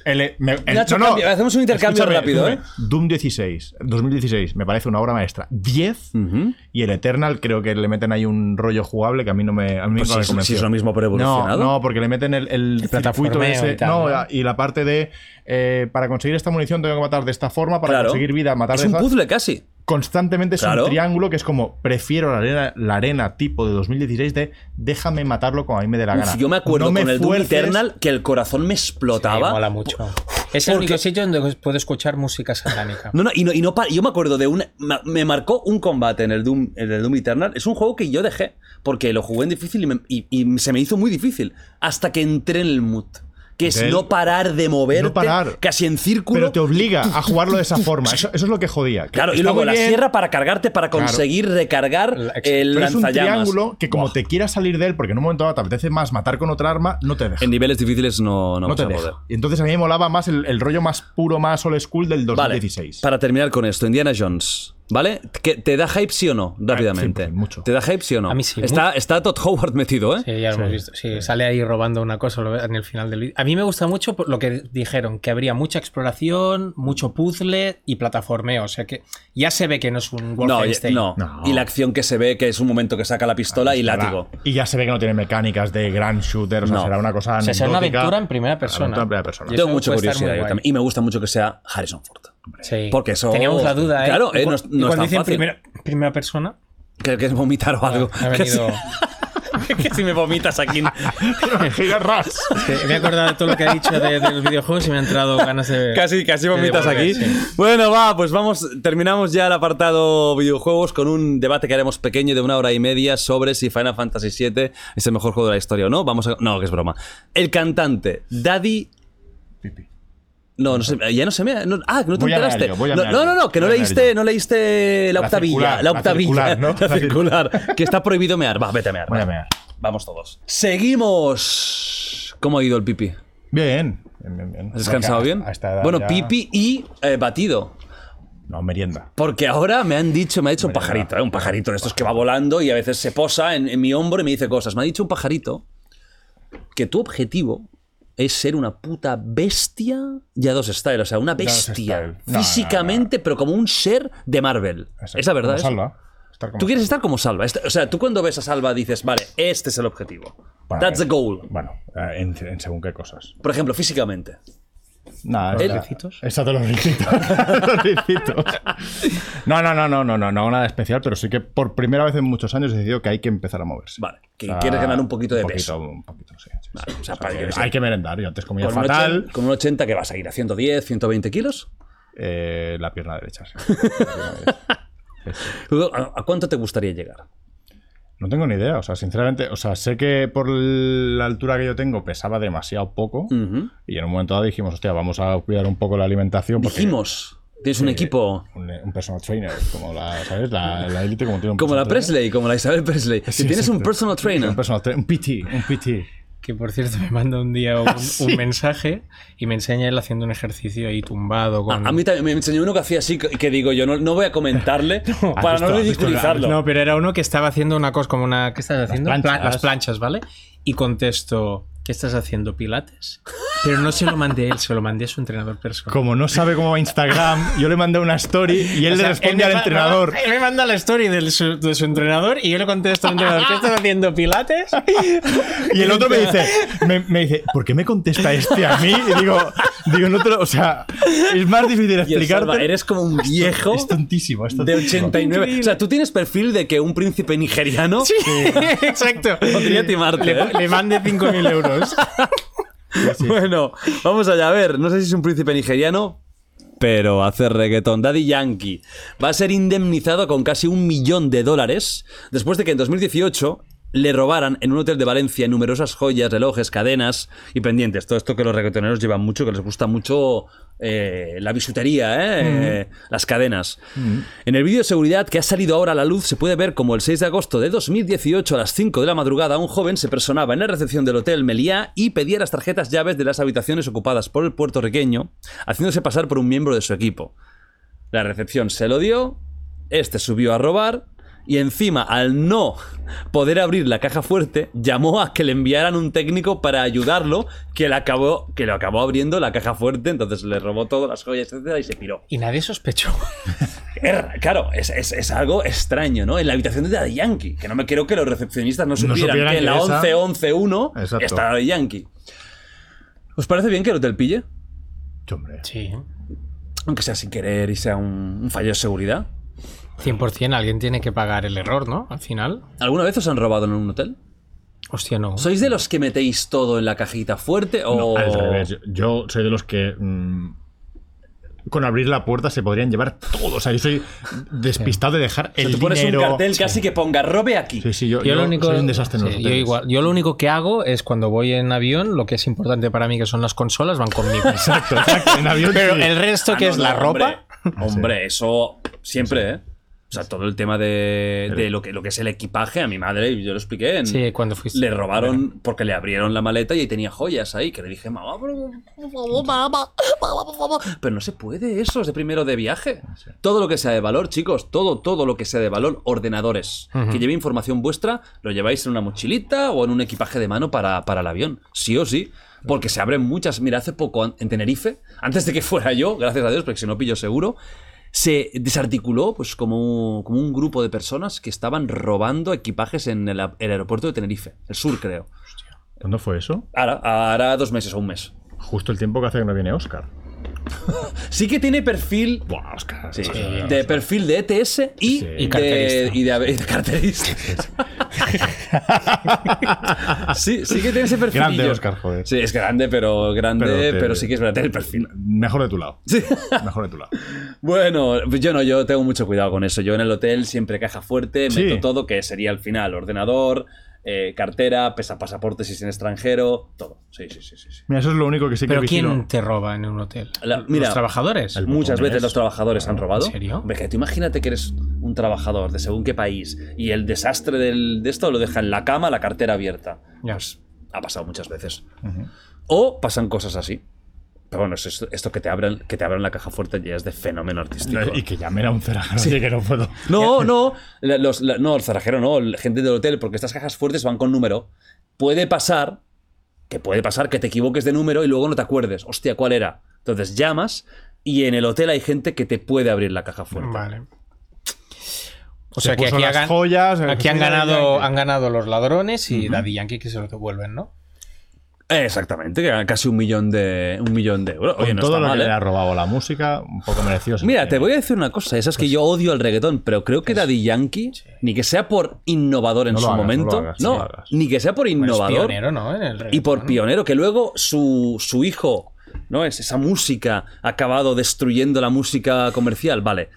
[SPEAKER 2] El- me- el-
[SPEAKER 1] Nacho, cambia, hacemos un intercambio
[SPEAKER 2] escúchame,
[SPEAKER 1] rápido, ¿eh?
[SPEAKER 2] escúchame. Doom 16, 2016, me parece una obra maestra. 10 y el Eternal creo que le meten ahí un rollo jugable que a mí no me, a mí
[SPEAKER 1] Pues
[SPEAKER 2] nunca
[SPEAKER 1] sí,
[SPEAKER 2] me
[SPEAKER 1] sí,
[SPEAKER 2] convenció.
[SPEAKER 1] es lo mismo, pero
[SPEAKER 2] No,
[SPEAKER 1] evolucionado.
[SPEAKER 2] no, porque le meten el, el circuito
[SPEAKER 3] plataformeo
[SPEAKER 2] ese.
[SPEAKER 3] y tal,
[SPEAKER 2] no,
[SPEAKER 3] ¿no?
[SPEAKER 2] y la parte de eh, para conseguir esta munición tengo que matar de esta forma, para
[SPEAKER 1] claro.
[SPEAKER 2] conseguir vida, matar
[SPEAKER 1] es
[SPEAKER 2] de
[SPEAKER 1] un
[SPEAKER 2] esta
[SPEAKER 1] puzzle casi.
[SPEAKER 2] constantemente es
[SPEAKER 1] Claro.
[SPEAKER 2] un triángulo que es como prefiero la arena, la arena tipo de 2016 de déjame matarlo como a mí me dé la
[SPEAKER 1] Uf,
[SPEAKER 2] gana.
[SPEAKER 1] yo me acuerdo
[SPEAKER 2] No
[SPEAKER 1] con el Doom
[SPEAKER 2] fuerces-
[SPEAKER 1] Eternal que el corazón me
[SPEAKER 3] Sí,
[SPEAKER 1] explotaba.
[SPEAKER 3] mola mucho. Es el
[SPEAKER 1] porque-
[SPEAKER 3] único sitio donde puedo escuchar música satánica.
[SPEAKER 1] No, no, y no, y no pa- yo me acuerdo de un. ma- Me marcó un combate en el Doom, en el Doom Eternal. Es un juego que yo dejé porque lo jugué en difícil y, me- y- y se me hizo muy difícil. Hasta que entré en el mood. que es
[SPEAKER 2] Del-
[SPEAKER 1] no parar de moverte,
[SPEAKER 2] No parar.
[SPEAKER 1] casi en círculo.
[SPEAKER 2] Pero te obliga a jugarlo de esa forma. Eso, eso es lo que jodía. Que
[SPEAKER 1] Claro, y
[SPEAKER 2] está
[SPEAKER 1] luego
[SPEAKER 2] muy
[SPEAKER 1] la
[SPEAKER 2] bien,
[SPEAKER 1] sierra para cargarte, para conseguir recargar
[SPEAKER 3] La-
[SPEAKER 1] el
[SPEAKER 2] Pero es un
[SPEAKER 1] lanzallamas.
[SPEAKER 2] triángulo que como
[SPEAKER 1] Buah,
[SPEAKER 2] te quieras salir de él, porque en un momento dado te apetece más matar con otra arma, no te deja.
[SPEAKER 1] En niveles difíciles no, no,
[SPEAKER 2] no
[SPEAKER 1] vas
[SPEAKER 2] te
[SPEAKER 1] a
[SPEAKER 2] deja.
[SPEAKER 1] poder.
[SPEAKER 2] Y entonces a mí me molaba más el, el rollo más puro, más old school del
[SPEAKER 1] Vale,
[SPEAKER 2] 2016.
[SPEAKER 1] para terminar con esto, Indiana Jones. ¿Vale? ¿Que ¿Te da hype sí o no? Rápidamente.
[SPEAKER 2] Ah, sí, mucho.
[SPEAKER 1] ¿Te da hype sí o no?
[SPEAKER 3] A mí sí,
[SPEAKER 1] Está, está Todd Howard metido, ¿eh?
[SPEAKER 3] Sí, ya lo hemos visto. Sí, sale ahí robando una cosa lo ve- en el final del vídeo. A mí me gusta mucho por lo que dijeron, que habría mucha exploración, mucho puzzle y plataformeo. O sea que ya se ve que no es un
[SPEAKER 1] No, oye,
[SPEAKER 3] Wolfenstein.
[SPEAKER 1] no.
[SPEAKER 2] No.
[SPEAKER 1] Y la acción que se ve, que es un momento que saca la pistola y látigo.
[SPEAKER 2] Y ya se ve que no tiene mecánicas de gran shooter, o sea,
[SPEAKER 1] No.
[SPEAKER 2] será una cosa
[SPEAKER 3] O sea, será una
[SPEAKER 2] anecdótica.
[SPEAKER 3] aventura en primera persona.
[SPEAKER 2] Aventura en primera persona.
[SPEAKER 3] Y
[SPEAKER 1] Tengo
[SPEAKER 3] eso
[SPEAKER 1] mucha
[SPEAKER 3] puede estar
[SPEAKER 1] curiosidad
[SPEAKER 3] muy
[SPEAKER 1] yo
[SPEAKER 3] guay.
[SPEAKER 1] también. Y me gusta mucho que sea Harrison Ford.
[SPEAKER 3] Sí.
[SPEAKER 1] Porque eso-
[SPEAKER 3] Teníamos la duda, ¿eh?
[SPEAKER 1] Claro, eh,
[SPEAKER 3] Y cu-
[SPEAKER 1] no es-
[SPEAKER 3] y
[SPEAKER 1] no es
[SPEAKER 3] cuando
[SPEAKER 1] tan
[SPEAKER 3] dicen
[SPEAKER 1] fácil.
[SPEAKER 3] Primera, primera persona,
[SPEAKER 1] Que, que es vomitar o algo.
[SPEAKER 3] me Ah, ha
[SPEAKER 1] Que si-
[SPEAKER 3] venido...
[SPEAKER 1] que si me vomitas aquí.
[SPEAKER 2] Gira ras.
[SPEAKER 3] Te- Me he acordado de todo lo que ha dicho de, de los videojuegos y me han entrado ganas de...
[SPEAKER 1] Casi, casi vomitas
[SPEAKER 3] volver,
[SPEAKER 1] aquí.
[SPEAKER 3] sí.
[SPEAKER 1] Bueno, va, pues vamos, terminamos ya el apartado videojuegos con un debate que haremos pequeño de una hora y media sobre si Final Fantasy VII es el mejor juego de la historia o no. Vamos a... No, que es broma. El cantante, Daddy... No, no sé, ya no se me... no- ah, que no te
[SPEAKER 2] Voy a
[SPEAKER 1] enteraste.
[SPEAKER 2] leerlo, voy a
[SPEAKER 1] no,
[SPEAKER 2] leerlo.
[SPEAKER 1] no, no, que no
[SPEAKER 2] Voy a
[SPEAKER 1] leíste,
[SPEAKER 2] leerlo.
[SPEAKER 1] no leíste la
[SPEAKER 2] La
[SPEAKER 1] octavilla.
[SPEAKER 2] circular,
[SPEAKER 1] La
[SPEAKER 2] la
[SPEAKER 1] octavilla.
[SPEAKER 2] circular, ¿no?
[SPEAKER 1] La
[SPEAKER 2] La circular.
[SPEAKER 1] circular, Que está prohibido mear. Va, vete a mear.
[SPEAKER 2] Voy a
[SPEAKER 1] va.
[SPEAKER 2] mear.
[SPEAKER 1] Vamos todos. Seguimos. ¿Cómo ha ido el pipi?
[SPEAKER 2] Bien. bien, bien, bien.
[SPEAKER 1] ¿Has descansado
[SPEAKER 2] Porque a-
[SPEAKER 1] bien?
[SPEAKER 2] a esta edad
[SPEAKER 1] bueno,
[SPEAKER 2] ya-
[SPEAKER 1] pipi y eh, batido.
[SPEAKER 2] No, merienda.
[SPEAKER 1] Porque ahora me han dicho, me ha dicho un pajarito, ¿eh? un pajarito de estos que va volando y a veces se posa en, en mi hombro y me dice cosas. Me ha dicho un pajarito que tu objetivo es ser una puta bestia ya dos style, o sea, una
[SPEAKER 2] dos
[SPEAKER 1] bestia
[SPEAKER 2] style. No, no,
[SPEAKER 1] físicamente, pero como un ser de Marvel.
[SPEAKER 2] Exacto.
[SPEAKER 1] Es la verdad.
[SPEAKER 2] Como
[SPEAKER 1] ¿eh?
[SPEAKER 2] Salva. Estar como-
[SPEAKER 1] Tú quieres estar como Salva. Este- O sea, tú cuando ves a Salva dices, vale, este es el objetivo.
[SPEAKER 2] Bueno,
[SPEAKER 1] That's the
[SPEAKER 2] eh,
[SPEAKER 1] goal.
[SPEAKER 2] Bueno, eh, en, en según qué cosas.
[SPEAKER 1] Por ejemplo, físicamente.
[SPEAKER 2] Nada,
[SPEAKER 1] ¿Los
[SPEAKER 2] ricitos? Exacto, los ricitos. los ricitos. No, no, no, no, no, no, no, nada especial, pero sí que por primera vez en muchos años he decidido que hay que empezar a moverse.
[SPEAKER 1] Vale, que
[SPEAKER 2] O sea,
[SPEAKER 1] quieres ganar un poquito de
[SPEAKER 2] Ah, un
[SPEAKER 1] peso.
[SPEAKER 2] Un poquito, sí. sí,
[SPEAKER 1] Vale,
[SPEAKER 2] sí.
[SPEAKER 1] o sea,
[SPEAKER 2] O sea,
[SPEAKER 1] para que-
[SPEAKER 2] que hay que merendar. Yo antes comía
[SPEAKER 1] Con un,
[SPEAKER 2] fatal
[SPEAKER 1] 80, con un 80 que vas a ir a 110, 120 kilos.
[SPEAKER 2] eh, la pierna derecha. sí. La pierna derecha.
[SPEAKER 1] ¿A, a cuánto te gustaría llegar?
[SPEAKER 2] No tengo ni idea, o sea, sinceramente, o sea, sé que por la altura que yo tengo pesaba demasiado poco
[SPEAKER 1] Ujú.
[SPEAKER 2] y en un momento dado dijimos, hostia, vamos a cuidar un poco la alimentación. porque-
[SPEAKER 1] Dijimos, tienes un equipo
[SPEAKER 2] un, un personal trainer, como la, ¿sabes? La, la élite como tiene un
[SPEAKER 1] como la
[SPEAKER 2] personal trainer.
[SPEAKER 1] Presley, como la Isabel Presley. Si
[SPEAKER 2] Sí,
[SPEAKER 1] tienes un
[SPEAKER 2] exacto.
[SPEAKER 1] personal trainer.
[SPEAKER 2] Un personal trainer, un PT, un PT.
[SPEAKER 3] Que por cierto me manda un día
[SPEAKER 1] Ah,
[SPEAKER 3] un, un mensaje y me enseña él haciendo un ejercicio ahí tumbado con...
[SPEAKER 1] Ah, A, a mí también me enseñó uno que hacía así, que que digo yo, no, no voy a comentarle para
[SPEAKER 2] ¿Has visto?
[SPEAKER 1] no
[SPEAKER 2] ¿Has visto la-
[SPEAKER 1] ridiculizarlo.
[SPEAKER 3] No, pero era uno que estaba haciendo una cosa como una... ¿Qué estás haciendo? Pla-
[SPEAKER 2] planchas.
[SPEAKER 3] las planchas, ¿vale? Y contesto, ¿qué estás haciendo? ¿Pilates? Pero no se lo mandé él, se lo mandé a su entrenador personal.
[SPEAKER 2] Como no sabe cómo va Instagram, yo le mandé una story y él
[SPEAKER 3] O sea,
[SPEAKER 2] le responde
[SPEAKER 3] él me
[SPEAKER 2] al
[SPEAKER 3] ma-
[SPEAKER 2] entrenador.
[SPEAKER 3] ma- Él me manda la story del su- de su entrenador y yo le contesto al entrenador, ¿qué estás haciendo? ¿Pilates?
[SPEAKER 2] Y el otro me dice, me, me dice, ¿por qué me contesta este a mí? Y digo, digo, no te lo- o sea, es más difícil
[SPEAKER 1] Y el Salva,
[SPEAKER 2] explicarte.
[SPEAKER 1] eres como un viejo
[SPEAKER 2] Es tontísimo, es
[SPEAKER 1] de
[SPEAKER 2] tontísimo.
[SPEAKER 1] 89. O sea, tú tienes perfil de que un príncipe nigeriano
[SPEAKER 3] Exacto.
[SPEAKER 1] podría timarte. ¿eh?
[SPEAKER 3] Le, le mandé 5.000 euros.
[SPEAKER 1] Bueno, vamos allá a ver. No sé si es un príncipe nigeriano, pero hace reggaetón. Daddy Yankee va a ser indemnizado con casi un millón de dólares después de que en 2018 le robaran en un hotel de Valencia numerosas joyas, relojes, cadenas y pendientes. Todo esto que los reggaetoneros llevan mucho, que les gusta mucho eh, la bisutería, ¿eh? Eh, las cadenas. En el vídeo de seguridad que ha salido ahora a la luz se puede ver como el 6 de agosto de 2018 a las 5 de la madrugada un joven se personaba en la recepción del hotel Meliá y pedía las tarjetas llaves de las habitaciones ocupadas por el puertorriqueño, haciéndose pasar por un miembro de su equipo. La recepción se lo dio, este subió a robar y encima al no poder abrir la caja fuerte llamó a que le enviaran un técnico para ayudarlo que le acabó que lo acabó abriendo la caja fuerte entonces le robó todas las joyas etcétera y se piró
[SPEAKER 3] Y nadie sospechó.
[SPEAKER 1] Er- claro es, es- es algo extraño no en la habitación de Daddy Yankee que no me quiero que los recepcionistas no supieran,
[SPEAKER 2] supieran
[SPEAKER 1] que en la
[SPEAKER 2] que esa-
[SPEAKER 1] 11 11 1
[SPEAKER 2] Exacto.
[SPEAKER 1] está Daddy Yankee ¿os parece bien que el hotel pille?
[SPEAKER 2] Hombre.
[SPEAKER 3] Sí.
[SPEAKER 1] aunque sea sin querer y sea un- un fallo de seguridad
[SPEAKER 3] 100% alguien tiene que pagar el error, ¿no? Al final.
[SPEAKER 1] ¿alguna vez os han robado en un hotel?
[SPEAKER 3] Hostia, no.
[SPEAKER 1] ¿Sois de los que metéis todo en la cajita fuerte o
[SPEAKER 2] Al revés, yo, yo soy de los que mm, con abrir la puerta se podrían llevar todos. Ahí soy despistado de dejar el
[SPEAKER 1] Tú pones
[SPEAKER 2] dinero.
[SPEAKER 1] un cartel casi que ponga robe aquí. Ah,
[SPEAKER 2] Sí, sí, yo,
[SPEAKER 3] Yo,
[SPEAKER 2] yo
[SPEAKER 3] lo único,
[SPEAKER 2] soy un desastre en los
[SPEAKER 3] sí, yo
[SPEAKER 2] hoteles.
[SPEAKER 3] igual. Yo lo único que hago es cuando voy en avión, lo que es importante para mí, que son las consolas, van conmigo.
[SPEAKER 2] Exacto, exacto. En avión,
[SPEAKER 3] Pero
[SPEAKER 2] sí.
[SPEAKER 3] el resto,
[SPEAKER 1] Ah,
[SPEAKER 3] que
[SPEAKER 1] no,
[SPEAKER 3] es
[SPEAKER 1] no,
[SPEAKER 3] la
[SPEAKER 1] hombre.
[SPEAKER 3] ropa,
[SPEAKER 1] Hombre, eso siempre, ¿eh? O sea, todo el tema de, de lo, que, lo que es el equipaje, a mi madre, yo lo expliqué. en-
[SPEAKER 3] sí, cuando fuiste.
[SPEAKER 1] Mm. Le robaron porque le abrieron la maleta y ahí tenía joyas ahí, que le dije, mamá, por por favor, mamá, mamá, por favor". Pero no se puede eso, es de primero de viaje. Todo lo que sea de valor, chicos, todo, todo lo que sea de valor, ordenadores. Que lleve información vuestra, lo lleváis en una mochilita o en un equipaje de mano para, para el avión, sí o sí. Porque se abren muchas. Mira, hace poco an- en Tenerife, antes de que fuera yo, gracias a Dios, porque si no pillo seguro, se desarticuló pues como, como un grupo de personas que estaban robando equipajes en el, a- el aeropuerto de Tenerife, el sur creo.
[SPEAKER 2] ¿Cuándo fue eso?
[SPEAKER 1] Ahora, ahora dos meses o un mes.
[SPEAKER 2] Justo el tiempo que hace que no viene Oscar.
[SPEAKER 1] Sí que tiene perfil
[SPEAKER 2] Buah, Oscar.
[SPEAKER 1] sí, de perfil de ETS y,
[SPEAKER 2] Sí.
[SPEAKER 1] y
[SPEAKER 3] Y
[SPEAKER 1] de,
[SPEAKER 3] carterista.
[SPEAKER 1] y de- y de carterista. sí, sí que tiene ese perfil.
[SPEAKER 2] Grande, Óscar, joder.
[SPEAKER 1] Sí, es grande, pero grande, pero,
[SPEAKER 2] Pero te-
[SPEAKER 1] sí que es verdad, tiene el perfil.
[SPEAKER 2] Mejor de tu lado.
[SPEAKER 1] Sí.
[SPEAKER 2] Mejor de tu lado.
[SPEAKER 1] Bueno, pues yo no, yo tengo mucho cuidado con eso. Yo en el hotel siempre caja fuerte,
[SPEAKER 2] Sí.
[SPEAKER 1] meto todo, que sería al final ordenador, eh, cartera, pesa pasaporte si es en extranjero, todo. Sí, sí, sí, sí. sí.
[SPEAKER 2] Mira, eso es lo único que sí que
[SPEAKER 3] Pero
[SPEAKER 2] vigilo.
[SPEAKER 3] ¿quién te roba en un hotel?
[SPEAKER 1] La- mira,
[SPEAKER 3] ¿Los trabajadores?
[SPEAKER 2] el-
[SPEAKER 1] Muchas
[SPEAKER 2] botón
[SPEAKER 1] veces
[SPEAKER 2] es- Ah,
[SPEAKER 1] los trabajadores han robado.
[SPEAKER 3] ¿En serio?
[SPEAKER 1] Hombre, que tú imagínate que eres un trabajador de según qué país y el desastre del- de esto lo deja en la cama, la cartera abierta. Pues,
[SPEAKER 3] Ya.
[SPEAKER 1] Ha pasado muchas veces. O pasan cosas así. Pero bueno, es esto, esto que, te abran, que te abran la caja fuerte ya es de fenómeno artístico.
[SPEAKER 2] No, Y que llamen a un cerrajero. Sí, que no puedo.
[SPEAKER 1] No, no, la- los, la- no, el cerrajero no, la gente del hotel, porque estas cajas fuertes van con número. Puede pasar, que puede pasar que te equivoques de número y luego no te acuerdes. Hostia, ¿cuál era? Entonces llamas y en el hotel hay gente que te puede abrir la caja fuerte.
[SPEAKER 3] Vale. O
[SPEAKER 2] Se
[SPEAKER 3] sea que
[SPEAKER 2] puso
[SPEAKER 3] aquí,
[SPEAKER 2] las
[SPEAKER 3] hagan-
[SPEAKER 2] joyas,
[SPEAKER 3] aquí han,
[SPEAKER 2] sí,
[SPEAKER 3] ganado,
[SPEAKER 2] Yankee.
[SPEAKER 3] han ganado los ladrones y Daddy Yankee que se los devuelven, ¿no?
[SPEAKER 1] Exactamente, que casi un millón de, un millón de euros.
[SPEAKER 2] Con
[SPEAKER 1] Oye, no
[SPEAKER 2] todo
[SPEAKER 1] está
[SPEAKER 2] lo
[SPEAKER 1] mal,
[SPEAKER 2] que le
[SPEAKER 1] ¿eh?
[SPEAKER 2] ha robado la música, un poco merecido. se
[SPEAKER 1] Mira,
[SPEAKER 2] tiene.
[SPEAKER 1] te voy a decir una cosa, esas
[SPEAKER 2] Pues
[SPEAKER 1] que yo odio al reggaetón, pero creo que Daddy Yankee, ni que sea por innovador en
[SPEAKER 2] No lo
[SPEAKER 1] su
[SPEAKER 2] hagas, no lo
[SPEAKER 1] momento,
[SPEAKER 2] hagas,
[SPEAKER 1] no,
[SPEAKER 2] no lo hagas.
[SPEAKER 1] ni que sea por
[SPEAKER 3] Es
[SPEAKER 1] innovador
[SPEAKER 3] Pues pionero, ¿no? En el
[SPEAKER 1] y
[SPEAKER 3] reggaetón,
[SPEAKER 1] por
[SPEAKER 3] ¿no?
[SPEAKER 1] pionero, que luego su, su hijo, ¿no? Es esa música ha acabado destruyendo la música comercial, vale.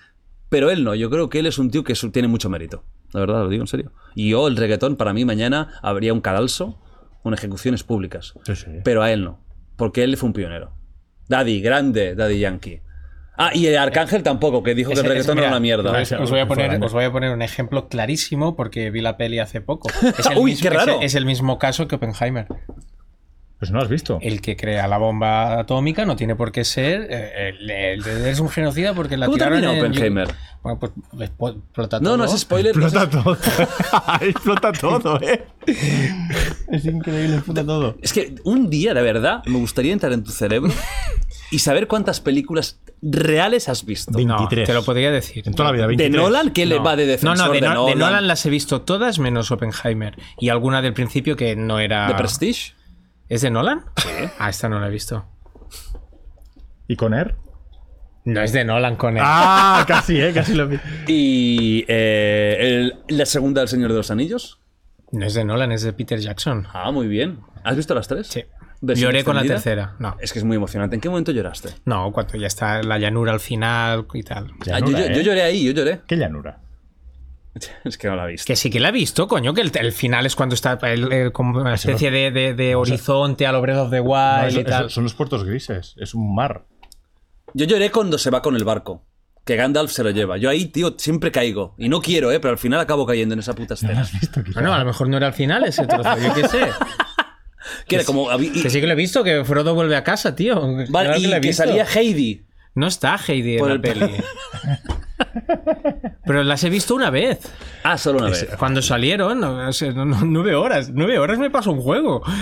[SPEAKER 1] Pero él no, yo creo que él es un tío que su- tiene mucho mérito. La verdad, lo digo en serio. Y yo, el reggaetón, para mí mañana habría un cadalso con ejecuciones públicas.
[SPEAKER 2] Sí, sí.
[SPEAKER 1] Pero a él no, porque él fue un pionero. Daddy, grande, Daddy Yankee. Ah, y el Arcángel tampoco, que dijo que el
[SPEAKER 3] Ese- ese-
[SPEAKER 1] reggaetón
[SPEAKER 3] mira,
[SPEAKER 1] era una mierda.
[SPEAKER 3] Os, os voy a poner,
[SPEAKER 2] Fuera.
[SPEAKER 3] os voy a poner un ejemplo clarísimo porque vi la peli hace poco. Es el
[SPEAKER 1] Uy,
[SPEAKER 3] mismo-
[SPEAKER 1] qué raro.
[SPEAKER 3] Es, es el mismo caso que Oppenheimer.
[SPEAKER 2] Pues no lo has visto.
[SPEAKER 3] El que crea la bomba atómica no tiene por qué ser. eh, el- el- el- es un genocida porque la
[SPEAKER 1] ¿Cómo
[SPEAKER 3] tiraron
[SPEAKER 1] termina
[SPEAKER 3] en-
[SPEAKER 1] Oppenheimer?
[SPEAKER 3] Bueno, pues expo- explota
[SPEAKER 1] No,
[SPEAKER 3] todo.
[SPEAKER 1] no es spoiler. no es
[SPEAKER 2] Explota todo. Explota todo, eh. Es increíble, explota todo.
[SPEAKER 1] Es que un día, de verdad, me gustaría entrar en tu cerebro y saber cuántas películas reales has visto.
[SPEAKER 3] No,
[SPEAKER 2] 23.
[SPEAKER 3] te lo podría decir.
[SPEAKER 2] En toda la vida,
[SPEAKER 1] ¿De
[SPEAKER 2] 23.
[SPEAKER 1] Nolan? ¿Qué le
[SPEAKER 3] No.
[SPEAKER 1] va de defensor
[SPEAKER 3] No, no, de,
[SPEAKER 1] de
[SPEAKER 3] No- de
[SPEAKER 1] Nolan?
[SPEAKER 3] Nolan las he visto todas menos Oppenheimer. Y alguna del principio que no era.
[SPEAKER 1] ¿De Prestige?
[SPEAKER 3] ¿Es de Nolan? Ah, esta no la he visto.
[SPEAKER 2] ¿Y con Air?
[SPEAKER 3] No es de Nolan con él.
[SPEAKER 2] Ah, casi, eh, casi lo vi.
[SPEAKER 1] Ah, ¿Y eh, el- la segunda del Señor de los Anillos?
[SPEAKER 3] No es de Nolan, es de Peter Jackson.
[SPEAKER 1] Ah, muy bien. ¿Has visto las tres?
[SPEAKER 3] Sí.
[SPEAKER 1] ¿Versión
[SPEAKER 3] Lloré con la
[SPEAKER 1] extendida?
[SPEAKER 3] tercera. No.
[SPEAKER 1] Es que es muy emocionante. ¿En qué momento lloraste?
[SPEAKER 3] No, cuando ya está la llanura al final y tal.
[SPEAKER 1] Ah, yo,
[SPEAKER 2] Llanura,
[SPEAKER 1] yo- yo
[SPEAKER 2] eh.
[SPEAKER 1] lloré ahí, yo lloré.
[SPEAKER 2] Qué llanura.
[SPEAKER 1] Es que no la he visto.
[SPEAKER 3] Que sí que la he visto, coño, que el, el final es cuando está el- el- como una especie de, de- de horizonte a lo Breath of the
[SPEAKER 1] Ah,
[SPEAKER 3] Wild
[SPEAKER 2] No, eso-
[SPEAKER 3] y tal.
[SPEAKER 2] eso- son los puertos grises. Es un mar.
[SPEAKER 1] Yo lloré cuando se va con el barco. Que Gandalf se lo lleva. Yo ahí, tío, siempre caigo. Y no quiero, ¿eh? Pero al final acabo cayendo en esa puta escena.
[SPEAKER 3] Bueno, a lo mejor no era el final ese trozo, yo qué sé.
[SPEAKER 1] Que era como... habí- y-
[SPEAKER 3] Que sí que lo he visto, que Frodo vuelve a casa, tío.
[SPEAKER 1] Vale,
[SPEAKER 3] Claro que
[SPEAKER 1] y
[SPEAKER 3] lo he
[SPEAKER 1] que
[SPEAKER 3] visto.
[SPEAKER 1] salía Heidi.
[SPEAKER 3] No está Heidi
[SPEAKER 1] Por
[SPEAKER 3] en
[SPEAKER 1] el-
[SPEAKER 3] la peli. Pero las he visto una vez.
[SPEAKER 1] Ah, solo una vez.
[SPEAKER 3] Cuando salieron, o sea, no- no- nueve horas. Nueve horas me pasó un juego.
[SPEAKER 1] Pero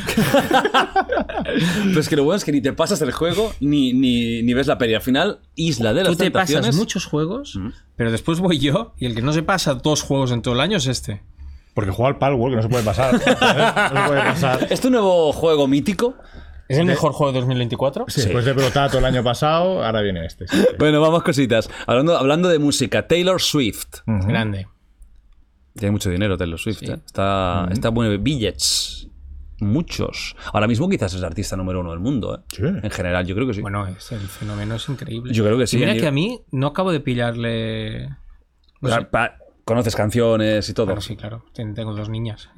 [SPEAKER 1] Pues es que lo bueno es que ni te pasas el juego ni, ni, ni ves la peli. Al final, Isla de las
[SPEAKER 3] Tú te pasas
[SPEAKER 1] Tentaciones- Mm.
[SPEAKER 3] muchos juegos, pero después voy yo y el que no se pasa dos juegos en todo el año es este.
[SPEAKER 2] Porque juega al Palworld, que no se puede pasar. No se puede pasar.
[SPEAKER 1] ¿Es tu nuevo juego mítico?
[SPEAKER 3] ¿Es el mejor juego de 2024?
[SPEAKER 2] Sí, Después de Brotato el año pasado, ahora viene este. sí, sí.
[SPEAKER 1] Bueno, vamos cositas. Hablando, hablando de música, Taylor Swift.
[SPEAKER 3] Grande.
[SPEAKER 1] Tiene mucho dinero Taylor Swift, ¿eh? Está, está bueno. Billets. muchos. Ahora mismo quizás es el artista número uno del mundo, ¿eh?
[SPEAKER 2] Sí.
[SPEAKER 1] En general, yo creo que sí.
[SPEAKER 3] Bueno, es, el fenómeno es increíble.
[SPEAKER 1] Yo creo que
[SPEAKER 3] Y
[SPEAKER 1] sí,
[SPEAKER 3] Mira
[SPEAKER 1] Ani-
[SPEAKER 3] que a mí no acabo de pillarle.
[SPEAKER 1] O sea, pa- conoces canciones y todo.
[SPEAKER 3] Bueno, sí, claro. ten- Tengo dos niñas.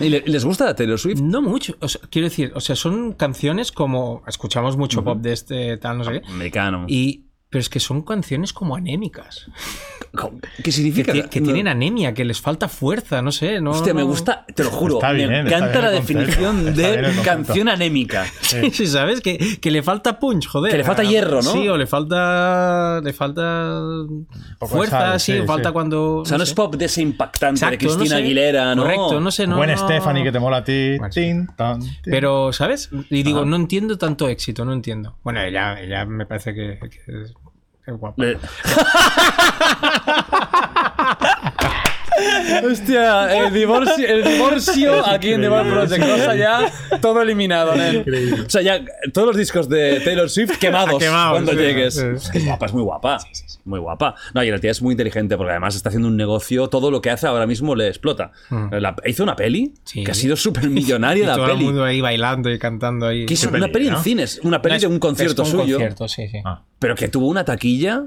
[SPEAKER 1] ¿Y le- les gusta Taylor Swift?
[SPEAKER 3] No mucho. O sea, quiero decir, o sea, son canciones como. Escuchamos mucho pop de este tal, no sé qué.
[SPEAKER 1] Americano.
[SPEAKER 3] Y. Pero es que son canciones como anémicas.
[SPEAKER 1] ¿Qué
[SPEAKER 3] Que,
[SPEAKER 1] significa?
[SPEAKER 3] ti- que
[SPEAKER 1] No.
[SPEAKER 3] tienen anemia, que les falta fuerza, no sé. No,
[SPEAKER 1] Hostia, me
[SPEAKER 3] no-
[SPEAKER 1] gusta, te lo juro,
[SPEAKER 2] Está bien,
[SPEAKER 1] me
[SPEAKER 2] está
[SPEAKER 1] encanta
[SPEAKER 2] bien
[SPEAKER 1] la
[SPEAKER 2] el concepto,
[SPEAKER 1] definición
[SPEAKER 2] está bien el
[SPEAKER 1] de
[SPEAKER 2] concepto.
[SPEAKER 1] canción anémica.
[SPEAKER 3] Sí, sí, ¿sabes? Que, que le falta punch, joder.
[SPEAKER 1] Que le falta
[SPEAKER 3] Ah,
[SPEAKER 1] hierro, ¿no?
[SPEAKER 3] Sí, o le falta. Le falta.
[SPEAKER 2] poco de
[SPEAKER 3] Fuerza,
[SPEAKER 2] sal,
[SPEAKER 3] sí,
[SPEAKER 2] sí,
[SPEAKER 3] o falta
[SPEAKER 2] sí.
[SPEAKER 3] cuando.
[SPEAKER 1] O sea, no es pop de ese impactante de
[SPEAKER 3] Exacto, no
[SPEAKER 1] Cristina
[SPEAKER 3] sé.
[SPEAKER 1] Aguilera, ¿no?
[SPEAKER 3] Correcto, no sé, no.
[SPEAKER 2] Buen
[SPEAKER 3] no-
[SPEAKER 2] Stephanie que te mola a ti.
[SPEAKER 3] Bueno, sí.
[SPEAKER 2] Tin, tan, tin.
[SPEAKER 3] Pero, ¿sabes? Y digo, no entiendo tanto éxito, no entiendo. Bueno, ella, ella me parece que, que es, es guapa.
[SPEAKER 1] Le- Hostia, el divorcio, el divorcio aquí en The Bad Project Rosa ya todo eliminado, nen. O sea, ya todos los discos de Taylor Swift quemados,
[SPEAKER 3] Ah, Quemados,
[SPEAKER 1] cuando
[SPEAKER 3] sí,
[SPEAKER 1] llegues.
[SPEAKER 3] sí.
[SPEAKER 1] Es que es guapa, es muy guapa. Muy guapa. No, y la tía es muy inteligente porque además está haciendo un negocio, todo lo que hace ahora mismo le explota. La- hizo una peli
[SPEAKER 3] Mm. Sí.
[SPEAKER 1] que ha sido súper millonaria
[SPEAKER 3] Y
[SPEAKER 1] la
[SPEAKER 3] todo el
[SPEAKER 1] peli.
[SPEAKER 3] mundo ahí bailando y cantando ahí.
[SPEAKER 1] Que hizo
[SPEAKER 2] Qué
[SPEAKER 1] una
[SPEAKER 2] peli,
[SPEAKER 1] peli en
[SPEAKER 2] ¿no?
[SPEAKER 1] cines, una peli de un concierto
[SPEAKER 3] Es un
[SPEAKER 1] suyo,
[SPEAKER 3] concierto, sí, sí.
[SPEAKER 2] Ah,
[SPEAKER 1] pero que tuvo una taquilla,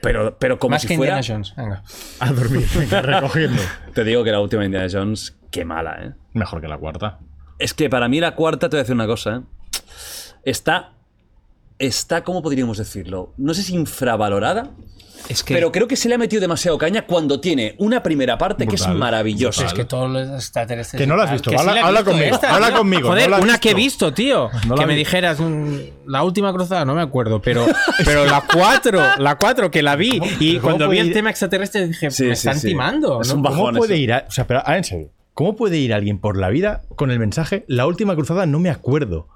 [SPEAKER 1] pero, pero como
[SPEAKER 3] Más
[SPEAKER 1] si
[SPEAKER 3] que
[SPEAKER 1] fuera...
[SPEAKER 3] Indiana Jones. Venga.
[SPEAKER 2] A dormir, recogiendo.
[SPEAKER 1] Te digo que la última Indiana Jones, qué mala, ¿eh?
[SPEAKER 2] Mejor que la cuarta.
[SPEAKER 1] Es que para mí la cuarta, te voy a decir una cosa, ¿eh? Está. Está, ¿cómo podríamos decirlo? No sé si infravalorada,
[SPEAKER 3] Es que,
[SPEAKER 1] pero creo que se le ha metido demasiado caña cuando tiene una primera parte que es
[SPEAKER 2] Brutal,
[SPEAKER 1] maravillosa.
[SPEAKER 3] es que todos los extraterrestres.
[SPEAKER 2] Que no la has
[SPEAKER 3] Ah,
[SPEAKER 2] visto,
[SPEAKER 3] que sí
[SPEAKER 2] habla-
[SPEAKER 3] la he
[SPEAKER 2] habla
[SPEAKER 3] visto,
[SPEAKER 2] conmigo,
[SPEAKER 3] esta,
[SPEAKER 2] habla
[SPEAKER 3] tío.
[SPEAKER 2] conmigo,
[SPEAKER 3] Joder,
[SPEAKER 2] no la has
[SPEAKER 3] una que he
[SPEAKER 2] visto.
[SPEAKER 3] visto, tío.
[SPEAKER 2] No la
[SPEAKER 3] que
[SPEAKER 2] he
[SPEAKER 3] me
[SPEAKER 2] visto.
[SPEAKER 3] dijeras mm, la última cruzada, no me acuerdo, pero, pero la cuatro, la cuatro que la vi. Y
[SPEAKER 2] ¿Cómo
[SPEAKER 3] cuando vi
[SPEAKER 2] puede
[SPEAKER 3] el
[SPEAKER 2] ir?
[SPEAKER 3] tema extraterrestre dije,
[SPEAKER 1] Sí,
[SPEAKER 3] me
[SPEAKER 1] sí,
[SPEAKER 3] están
[SPEAKER 1] sí.
[SPEAKER 3] timando.
[SPEAKER 1] Es
[SPEAKER 3] ¿no?
[SPEAKER 1] un bajón
[SPEAKER 2] ¿Cómo puede
[SPEAKER 1] eso.
[SPEAKER 2] ir a- O sea, pero ahora en serio. ¿Cómo puede ir alguien por la vida con el mensaje La última cruzada no me acuerdo?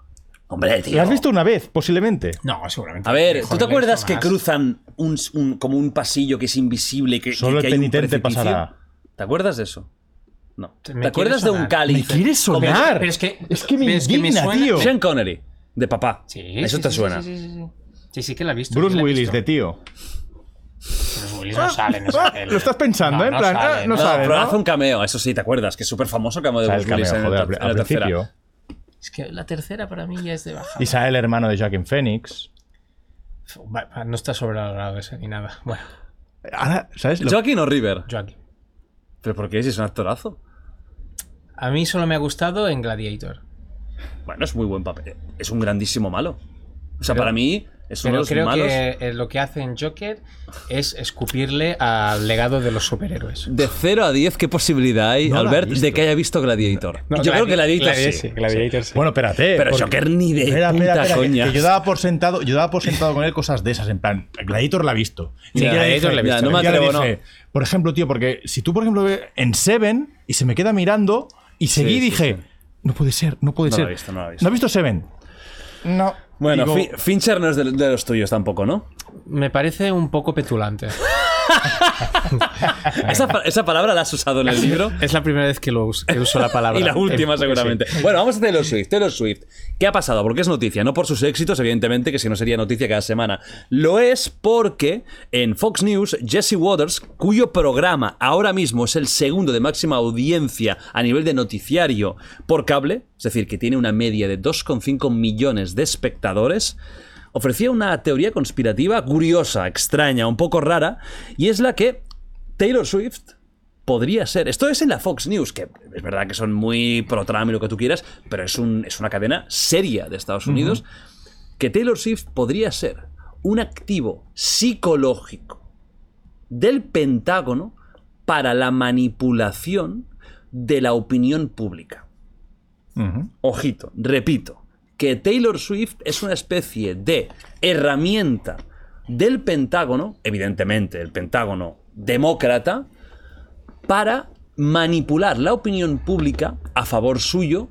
[SPEAKER 1] Hombre, tío.
[SPEAKER 2] ¿La has visto una vez, posiblemente?
[SPEAKER 3] No, seguramente.
[SPEAKER 1] A ver, ¿tú te
[SPEAKER 3] Joder, la he visto
[SPEAKER 1] acuerdas que
[SPEAKER 3] más.
[SPEAKER 1] cruzan un, un- como un pasillo que es invisible? Que,
[SPEAKER 2] Solo
[SPEAKER 1] que
[SPEAKER 2] el
[SPEAKER 1] hay un
[SPEAKER 2] penitente
[SPEAKER 1] precipicio?
[SPEAKER 2] pasará.
[SPEAKER 1] ¿Te acuerdas de eso? No.
[SPEAKER 3] Me
[SPEAKER 1] ¿Te acuerdas
[SPEAKER 3] quiere
[SPEAKER 1] de un
[SPEAKER 3] sonar.
[SPEAKER 1] cáliz?
[SPEAKER 2] Me quiere sonar.
[SPEAKER 3] Pero, pero es que,
[SPEAKER 2] Es que me
[SPEAKER 3] pero
[SPEAKER 2] indigna,
[SPEAKER 3] suena-
[SPEAKER 2] tío.
[SPEAKER 1] Sean Connery, de papá.
[SPEAKER 3] Sí,
[SPEAKER 1] eso
[SPEAKER 3] sí,
[SPEAKER 1] te
[SPEAKER 3] sí,
[SPEAKER 1] suena.
[SPEAKER 3] Sí, sí, sí, sí. Sí, sí que la he visto. sí
[SPEAKER 2] Bruce
[SPEAKER 3] que la he
[SPEAKER 2] Willis
[SPEAKER 3] visto.
[SPEAKER 2] de tío.
[SPEAKER 3] Bruce Willis no sale en esa
[SPEAKER 2] Ah,
[SPEAKER 3] peli.
[SPEAKER 2] lo estás pensando, ¿eh? En plan, ah, no
[SPEAKER 1] No,
[SPEAKER 2] sale,
[SPEAKER 1] pero
[SPEAKER 2] ¿no?
[SPEAKER 1] hace un cameo, eso sí, ¿te acuerdas? Que es súper famoso cameo de
[SPEAKER 2] O sea, el
[SPEAKER 1] Bruce Willis
[SPEAKER 2] cameo,
[SPEAKER 1] en, el
[SPEAKER 2] joder,
[SPEAKER 1] ter-
[SPEAKER 2] al-
[SPEAKER 1] en
[SPEAKER 2] al
[SPEAKER 1] la tercera.
[SPEAKER 2] principio.
[SPEAKER 3] Es que la tercera para mí ya es de baja.
[SPEAKER 2] Y sale el hermano de Joaquin Phoenix.
[SPEAKER 3] Va- va, No está sobrevalorado ese ni nada. Bueno,
[SPEAKER 2] Ahora, ¿sabes? Lo-
[SPEAKER 1] Joaquin o River.
[SPEAKER 3] Joaquín.
[SPEAKER 1] ¿Pero por qué? Si es un actorazo.
[SPEAKER 3] A mí solo me ha gustado en Gladiator.
[SPEAKER 1] Bueno, es muy buen papel. Es un grandísimo malo. O sea, para mí es uno de
[SPEAKER 3] Pero
[SPEAKER 1] los
[SPEAKER 3] creo
[SPEAKER 1] malos
[SPEAKER 3] que eh, lo que hace en Joker es escupirle al legado de los superhéroes.
[SPEAKER 1] de 0 a 10. ¿Qué posibilidad hay,
[SPEAKER 2] No la he
[SPEAKER 1] Albert,
[SPEAKER 2] visto.
[SPEAKER 1] de que haya visto Gladiator?
[SPEAKER 3] No,
[SPEAKER 1] Yo
[SPEAKER 3] Gladi-
[SPEAKER 1] creo que Gladiator, sí.
[SPEAKER 3] Gladiator sí.
[SPEAKER 2] Bueno, espérate.
[SPEAKER 1] Pero
[SPEAKER 2] porque-
[SPEAKER 1] Joker ni de
[SPEAKER 2] Espera,
[SPEAKER 1] puta
[SPEAKER 2] espera, espera, que-
[SPEAKER 1] coña.
[SPEAKER 2] que yo daba por sentado, yo daba por sentado con él cosas de esas, en plan, Gladiator la ha visto. Ni
[SPEAKER 1] Ya,
[SPEAKER 2] siquiera
[SPEAKER 1] Gladiator
[SPEAKER 2] dije-
[SPEAKER 1] la he visto.
[SPEAKER 2] ni
[SPEAKER 1] Ya, no me
[SPEAKER 2] siquiera
[SPEAKER 1] atrevo,
[SPEAKER 2] dije, Por ejemplo, tío, porque si tú, por ejemplo, ves en Seven y se me queda mirando y seguí
[SPEAKER 1] sí,
[SPEAKER 2] dije,
[SPEAKER 1] sí.
[SPEAKER 2] no puede ser, no puede
[SPEAKER 1] No la
[SPEAKER 2] ser.
[SPEAKER 1] he visto, no la he visto.
[SPEAKER 2] ¿No has visto Seven? No.
[SPEAKER 1] Bueno,
[SPEAKER 2] Digo,
[SPEAKER 1] Fi- Fincher no es de, de los tuyos tampoco, ¿no?
[SPEAKER 3] Me parece un poco petulante.
[SPEAKER 1] Esa, pa- esa palabra la has usado en el libro.
[SPEAKER 3] Es la primera vez que, lo uso, que uso la palabra.
[SPEAKER 1] Y la última,
[SPEAKER 3] Eh,
[SPEAKER 1] seguramente. Bueno, vamos a Taylor Swift. Taylor Swift. ¿Qué ha pasado? Porque es noticia. No por sus éxitos, evidentemente, que si no sería noticia cada semana. Lo es porque en Fox News, Jesse Waters, cuyo programa ahora mismo es el segundo de máxima audiencia a nivel de noticiario por cable, es decir, que tiene una media de 2,5 millones de espectadores, ofrecía una teoría conspirativa curiosa, extraña, un poco rara, y es la que Taylor Swift podría ser. Esto es en la Fox News, que es verdad que son muy pro Trump y lo que tú quieras, pero es, un, es una cadena seria de Estados Unidos. Que Taylor Swift podría ser un activo psicológico del Pentágono para la manipulación de la opinión pública.
[SPEAKER 2] ujú.
[SPEAKER 1] Ojito, repito, que Taylor Swift es una especie de herramienta del Pentágono, evidentemente el Pentágono demócrata, para manipular la opinión pública a favor suyo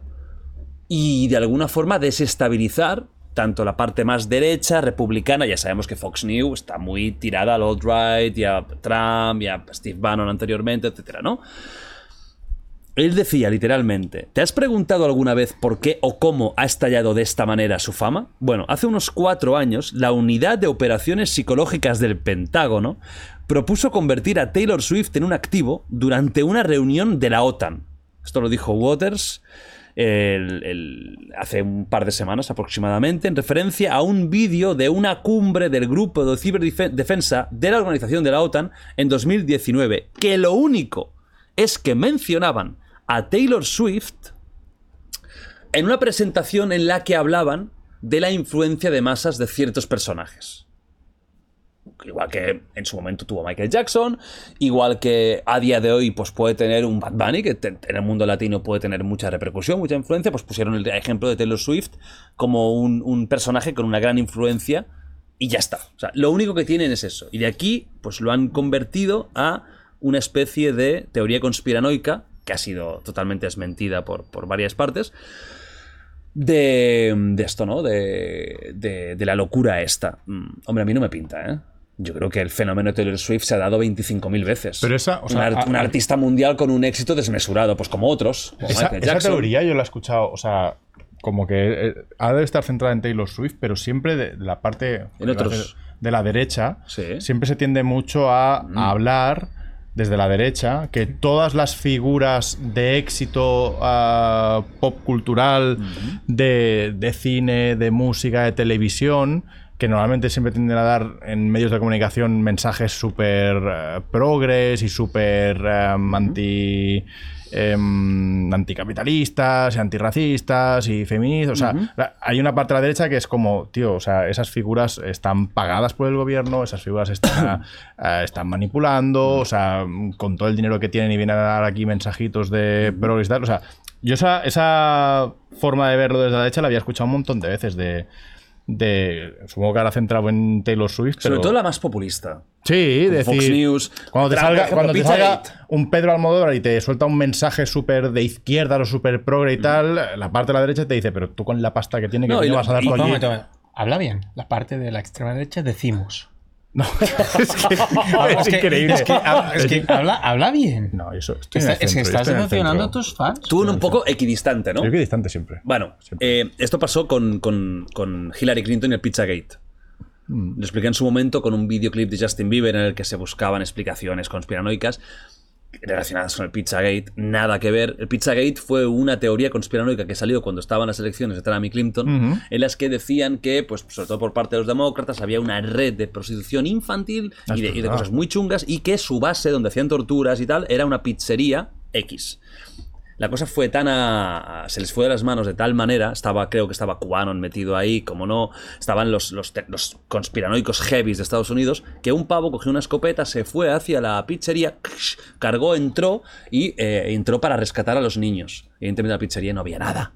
[SPEAKER 1] y de alguna forma desestabilizar tanto la parte más derecha, republicana, ya sabemos que Fox News está muy tirada al alt-right y a Trump y a Steve Bannon anteriormente, etcétera, ¿no? Él decía literalmente, ¿te has preguntado alguna vez por qué o cómo ha estallado de esta manera su fama? Bueno, hace unos cuatro años, la Unidad de Operaciones Psicológicas del Pentágono propuso convertir a Taylor Swift en un activo durante una reunión de la OTAN. Esto lo dijo Waters el- el- hace un par de semanas aproximadamente en referencia a un vídeo de una cumbre del grupo de ciberdefensa de la organización de la OTAN en 2019, que lo único es que mencionaban a Taylor Swift en una presentación en la que hablaban de la influencia de masas de ciertos personajes. Igual que en su momento tuvo Michael Jackson, igual que a día de hoy pues puede tener un Bad Bunny, que te- en el mundo latino puede tener mucha repercusión, mucha influencia, pues pusieron el ejemplo de Taylor Swift como un, un personaje con una gran influencia y ya está. O sea, lo único que tienen es eso. Y de aquí pues lo han convertido a una especie de teoría conspiranoica, que ha sido totalmente desmentida por, por varias partes, de, de esto, ¿no? De, de- de la locura esta. Mm, Hombre, a mí no me pinta, ¿eh? Yo creo que el fenómeno Taylor Swift se ha dado 25.000 veces.
[SPEAKER 2] Pero esa, o sea,
[SPEAKER 1] un, art-
[SPEAKER 2] a-
[SPEAKER 1] un
[SPEAKER 2] a-
[SPEAKER 1] artista mundial con un éxito desmesurado, pues como otros. como
[SPEAKER 2] Esa,
[SPEAKER 1] Michael
[SPEAKER 2] esa
[SPEAKER 1] Jackson.
[SPEAKER 2] teoría yo la he escuchado, o sea, como que eh, ha de estar centrada en Taylor Swift, pero siempre de la parte
[SPEAKER 1] En
[SPEAKER 2] de,
[SPEAKER 1] otros.
[SPEAKER 2] la, de la derecha,
[SPEAKER 1] Sí. Mm.
[SPEAKER 2] siempre se tiende mucho a, a hablar desde la derecha que todas las figuras de éxito ah, pop cultural, de, de cine, de música, de televisión, que normalmente siempre tienden a dar en medios de comunicación mensajes súper eh, progres y súper eh, anti em, anticapitalistas, y antirracistas y feministas. O sea, la- hay una parte de la derecha que es como, tío, o sea, esas figuras están pagadas por el gobierno, esas figuras están, ah, están manipulando, o sea, con todo el dinero que tienen y vienen a dar aquí mensajitos de progres y tal. O sea, yo esa, esa forma de verlo desde la derecha la había escuchado un montón de veces de. de- supongo que ahora centrado en Taylor Swift.
[SPEAKER 1] Sobre
[SPEAKER 2] pero-
[SPEAKER 1] todo la más populista.
[SPEAKER 2] Sí,
[SPEAKER 1] Con
[SPEAKER 2] decir,
[SPEAKER 1] Fox News,
[SPEAKER 2] Cuando te
[SPEAKER 1] Trump, por
[SPEAKER 2] salga,
[SPEAKER 1] ejemplo,
[SPEAKER 2] cuando te
[SPEAKER 1] Pizza
[SPEAKER 2] salga
[SPEAKER 1] Gate.
[SPEAKER 2] un Pedro Almodóvar y te suelta un mensaje súper de izquierda o súper progre y tal, la parte de la derecha te dice, pero tú con la pasta que tiene que
[SPEAKER 1] Mm. No,
[SPEAKER 2] no,
[SPEAKER 1] y lo-
[SPEAKER 2] vas a dar
[SPEAKER 1] y-
[SPEAKER 2] tú
[SPEAKER 1] Oye.
[SPEAKER 6] Un
[SPEAKER 2] allí.
[SPEAKER 6] momento, un momento. Habla bien. La parte de la extrema derecha decimos.
[SPEAKER 2] No, es que es,
[SPEAKER 6] que-
[SPEAKER 2] increíble.
[SPEAKER 6] Es que,
[SPEAKER 1] ah,
[SPEAKER 6] ha- es que habla, habla bien.
[SPEAKER 2] no, eso, estoy en
[SPEAKER 6] Está-
[SPEAKER 2] el
[SPEAKER 6] es que
[SPEAKER 2] centro,
[SPEAKER 6] estás
[SPEAKER 2] estoy en el
[SPEAKER 6] emocionando a
[SPEAKER 2] centro.
[SPEAKER 6] tus fans.
[SPEAKER 1] Tú un poco equidistante, ¿no?
[SPEAKER 2] Yo que distante siempre.
[SPEAKER 1] Bueno, eh, esto pasó con, con- con Hillary Clinton y el Pizzagate.
[SPEAKER 2] Mm.
[SPEAKER 1] Lo expliqué en su momento con un videoclip de Justin Bieber en el que se buscaban explicaciones conspiranoicas relacionadas con el Pizzagate. Nada que ver. El Pizzagate fue una teoría conspiranoica que salió cuando estaban las elecciones de Trump y Clinton, en las que decían que, pues, sobre todo por parte de los demócratas, había una red de prostitución infantil y de, y de cosas muy chungas y que su base, donde hacían torturas y tal, era una pizzería X. La cosa fue tan a, a- se les fue de las manos de tal manera, estaba creo que estaba Cubanon metido ahí, como no, estaban los, los, te- los conspiranoicos heavies de Estados Unidos, que un pavo cogió una escopeta, se fue hacia la pizzería, cargó, entró y eh, entró para rescatar a los niños. Evidentemente en la pizzería no había nada.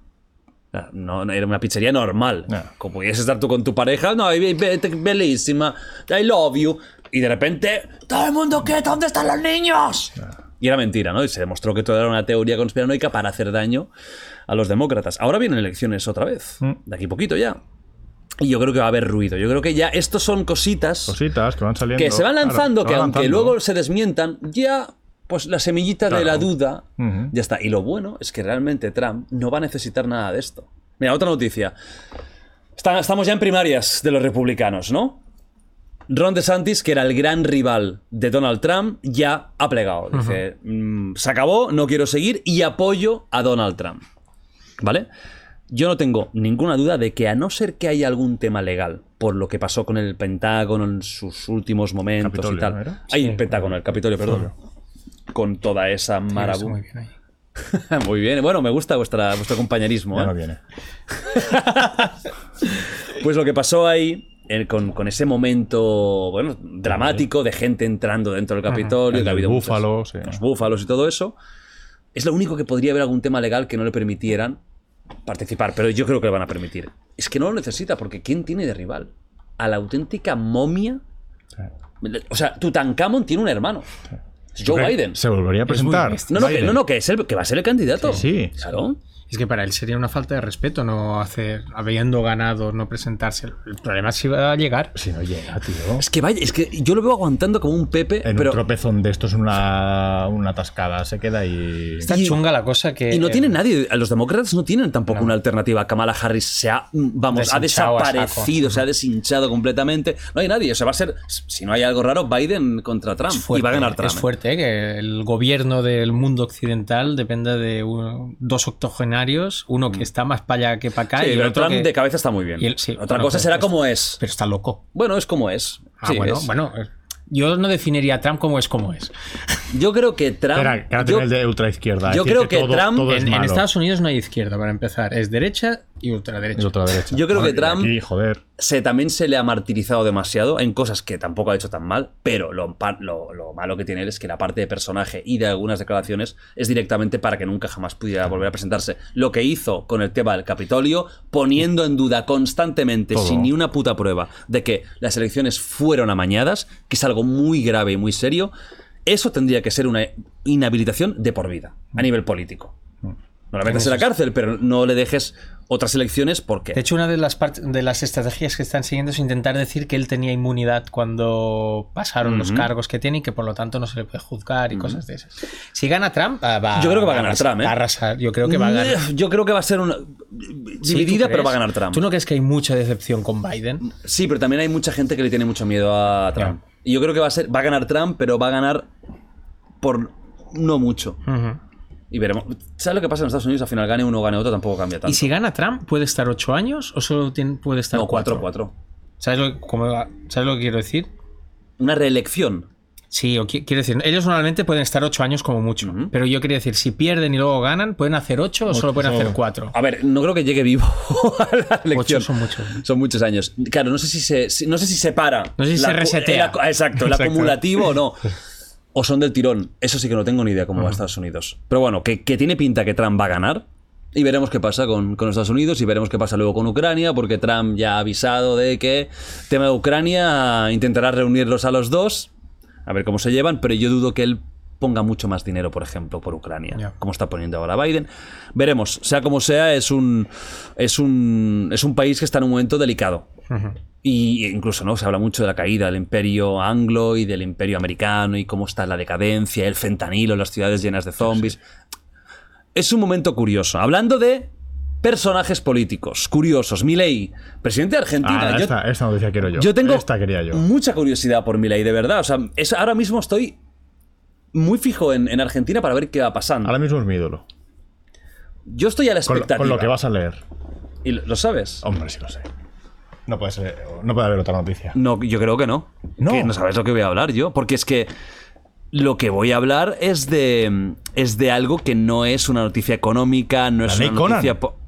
[SPEAKER 1] Ah, No, no, era una pizzería normal. Como pudiese estar tú con tu pareja, no, y- y- be- te- bellísima, I love you. Y de repente, todo el mundo qué, ¿dónde están los niños? Y era mentira, ¿no? Y se demostró que todo era una teoría conspiranoica para hacer daño a los demócratas. Ahora vienen elecciones otra vez, de aquí poquito ya. Y yo creo que va a haber ruido. Yo creo que ya estos son cositas
[SPEAKER 2] Cositas que van saliendo.
[SPEAKER 1] que se van
[SPEAKER 2] claro,
[SPEAKER 1] lanzando,
[SPEAKER 2] se
[SPEAKER 1] que
[SPEAKER 2] van
[SPEAKER 1] aunque
[SPEAKER 2] lanzando.
[SPEAKER 1] luego se desmientan, ya pues la semillita de la duda
[SPEAKER 2] Ujú.
[SPEAKER 1] ya está. Y lo bueno es que realmente Trump no va a necesitar nada de esto. Mira, otra noticia. Está- estamos ya en primarias de los republicanos, ¿no? Ron DeSantis, que era el gran rival de Donald Trump, ya ha plegado. Dice, "Mm, se acabó, no quiero seguir y apoyo a Donald Trump. ¿Vale? Yo no tengo ninguna duda de que a no ser que haya algún tema legal por lo que pasó con el Pentágono en sus últimos momentos
[SPEAKER 2] Capitolio,
[SPEAKER 1] y tal.
[SPEAKER 2] ¿no era?
[SPEAKER 1] Ahí el Pentágono, el Capitolio, perdón. Con toda esa
[SPEAKER 6] Está muy
[SPEAKER 1] marabunta.
[SPEAKER 6] bien ahí.
[SPEAKER 1] Muy bien, bueno, me gusta vuestra, vuestro compañerismo.
[SPEAKER 2] Ya
[SPEAKER 1] ¿eh?
[SPEAKER 2] no viene.
[SPEAKER 1] Pues lo que pasó ahí, eh, con, con ese momento, bueno, dramático de gente entrando dentro del Capitolio,
[SPEAKER 2] El
[SPEAKER 1] que ha
[SPEAKER 2] del
[SPEAKER 1] habido muchas-
[SPEAKER 2] búfalo, sí.
[SPEAKER 1] los búfalos y todo eso, es lo único que podría haber algún tema legal que no le permitieran participar, pero yo creo que le van a permitir. Es que no lo necesita, porque ¿quién tiene de rival? A la auténtica momia. O sea, Tutankamón tiene un hermano. Joe Biden.
[SPEAKER 2] Se volvería a presentar.
[SPEAKER 1] No, no, que, no, no, que es el, que va a ser el candidato.
[SPEAKER 2] Sí, sí.
[SPEAKER 1] Claro.
[SPEAKER 6] Es que para él sería una falta de respeto no hacer, habiendo ganado, no presentarse. El problema es si va a llegar.
[SPEAKER 2] Si no llega, tío.
[SPEAKER 1] Es que vaya, es que yo lo veo aguantando como un Pepe,
[SPEAKER 2] En
[SPEAKER 1] pero
[SPEAKER 2] un tropezón de estos, una, una atascada se queda y.
[SPEAKER 6] Está
[SPEAKER 1] Y-
[SPEAKER 6] chunga la cosa que.
[SPEAKER 1] Y no tiene
[SPEAKER 6] eh,
[SPEAKER 1] nadie, los demócratas no tienen tampoco una alternativa. Kamala Harris se ha, mm, vamos, ha
[SPEAKER 6] Deshinchado a saco.
[SPEAKER 1] desaparecido, se ha deshinchado completamente. No hay nadie, o sea, va a ser, si no hay algo raro, Biden contra Trump
[SPEAKER 6] es fuerte, ¿eh?
[SPEAKER 1] y va a ganar Trump. ¿eh?
[SPEAKER 6] Es fuerte eh, que el gobierno del mundo occidental dependa de un- dos
[SPEAKER 3] escenarios, uno que está más para allá que para acá.
[SPEAKER 1] Sí,
[SPEAKER 3] Ah, y el
[SPEAKER 1] pero
[SPEAKER 3] otro
[SPEAKER 1] Trump
[SPEAKER 3] que-
[SPEAKER 1] de cabeza está muy bien.
[SPEAKER 3] y el- sí,
[SPEAKER 1] Otra
[SPEAKER 3] bueno,
[SPEAKER 1] cosa
[SPEAKER 3] pero
[SPEAKER 1] será
[SPEAKER 3] es que-
[SPEAKER 1] como es.
[SPEAKER 3] Pero está loco.
[SPEAKER 1] Bueno, es como es.
[SPEAKER 3] Ah,
[SPEAKER 1] Sí,
[SPEAKER 3] bueno,
[SPEAKER 1] es.
[SPEAKER 3] bueno. eh, Yo no definiría a Trump como es como es.
[SPEAKER 1] Yo creo que Trump.
[SPEAKER 2] Espera, que ahora
[SPEAKER 1] yo-
[SPEAKER 2] tiene el de ultra izquierda.
[SPEAKER 1] yo creo que Trump
[SPEAKER 2] es
[SPEAKER 3] En, en
[SPEAKER 2] malo.
[SPEAKER 3] Estados Unidos no hay izquierda para empezar. Es derecha y ultraderecha.
[SPEAKER 2] Es otra derecha.
[SPEAKER 1] Yo creo que
[SPEAKER 2] Bueno, y
[SPEAKER 1] Trump-
[SPEAKER 2] Aquí, joder.
[SPEAKER 1] se, también se le ha martirizado demasiado en cosas que tampoco ha hecho tan mal, pero lo, pa- lo- lo malo que tiene él es que la parte de personaje y de algunas declaraciones es directamente para que nunca jamás pudiera volver a presentarse. Lo que hizo con el tema del Capitolio, poniendo en duda constantemente,
[SPEAKER 2] Todo.
[SPEAKER 1] sin ni una puta prueba, de que las elecciones fueron amañadas, que es algo muy grave y muy serio, eso tendría que ser una inhabilitación de por vida, a nivel político. No la metas en la cárcel, pero no le dejes otras elecciones porque...
[SPEAKER 3] De hecho, una de las, part- de las estrategias que están siguiendo es intentar decir que él tenía inmunidad cuando pasaron los cargos que tiene y que por lo tanto no se le puede juzgar y cosas de esas. Si gana Trump, ah, va,
[SPEAKER 1] Yo creo que va a ganar
[SPEAKER 3] arrasar-
[SPEAKER 1] Trump, ¿eh?
[SPEAKER 3] va a arrasar. Yo creo que va a ganar.
[SPEAKER 1] Eh, Yo creo que va a ser una.
[SPEAKER 3] Sí, ¿tú
[SPEAKER 1] Dividida, pero
[SPEAKER 3] crees?
[SPEAKER 1] va a ganar Trump.
[SPEAKER 3] ¿Tú no crees que hay mucha decepción con Biden?
[SPEAKER 1] Sí, pero también hay mucha gente que le tiene mucho miedo a Trump. Y yo creo que va a ser. Va a ganar Trump, pero va a ganar por no mucho. Y veremos. ¿Sabes lo que pasa en Estados Unidos? Al final gane uno, gane otro, tampoco cambia tanto.
[SPEAKER 3] Y si gana Trump, ¿puede estar ocho años o solo tiene- puede estar
[SPEAKER 1] no,
[SPEAKER 3] cuatro?
[SPEAKER 1] 4-4.
[SPEAKER 3] ¿Sabes lo, cómo va- ¿Sabes lo que quiero decir?
[SPEAKER 1] Una reelección.
[SPEAKER 3] Sí, o qui- quiero decir, ellos normalmente pueden estar ocho años como mucho, pero yo quería decir, si pierden y luego ganan, pueden hacer ocho o solo pueden hacer cuatro.
[SPEAKER 1] A ver, no creo que llegue vivo a la elección.
[SPEAKER 3] Ocho son muchos.
[SPEAKER 1] Son muchos años. Claro, no sé si se, si- no sé si se para.
[SPEAKER 3] No sé si
[SPEAKER 1] La
[SPEAKER 3] se
[SPEAKER 1] cu-
[SPEAKER 3] resetea.
[SPEAKER 1] el acu- exacto, el acumulativo o no. O son del tirón. Eso sí que no tengo ni idea cómo va Estados Unidos. Pero bueno, que, que tiene pinta que Trump va a ganar. Y veremos qué pasa con, con Estados Unidos y veremos qué pasa luego con Ucrania, porque Trump ya ha avisado de que tema de Ucrania ah, intentará reunirlos a los dos, a ver cómo se llevan, pero yo dudo que él ponga mucho más dinero, por ejemplo, por Ucrania,
[SPEAKER 3] Ya.
[SPEAKER 1] como está poniendo ahora Biden. Veremos, sea como sea, es un, es un, es un país que está en un momento delicado. Y incluso, ¿no? Se habla mucho de la caída del imperio anglo y del imperio americano y cómo está la decadencia, el fentanilo, las ciudades llenas de zombies. Es un momento curioso. Hablando de personajes políticos, curiosos. Milei, presidente de Argentina.
[SPEAKER 2] Ah,
[SPEAKER 1] yo,
[SPEAKER 2] esta, esta noticia quiero yo.
[SPEAKER 1] yo tengo
[SPEAKER 2] Esta quería yo.
[SPEAKER 1] mucha curiosidad por Milei, de verdad. O sea, es- ahora mismo estoy muy fijo en, en Argentina para ver qué va pasando.
[SPEAKER 2] Ahora mismo es mi ídolo.
[SPEAKER 1] Yo estoy a la
[SPEAKER 2] Con lo,
[SPEAKER 1] expectativa.
[SPEAKER 2] con lo que vas a leer.
[SPEAKER 1] ¿Y lo, lo sabes?
[SPEAKER 2] Hombre, sí lo sé. No puede ser. No puede haber otra noticia.
[SPEAKER 1] No, yo creo que no.
[SPEAKER 2] No.
[SPEAKER 1] Que no sabes lo que voy a hablar yo. Porque es que lo que voy a hablar es de, es de algo que no es una noticia económica, no es
[SPEAKER 2] ley
[SPEAKER 1] una noticia...
[SPEAKER 2] Conan.
[SPEAKER 1] po-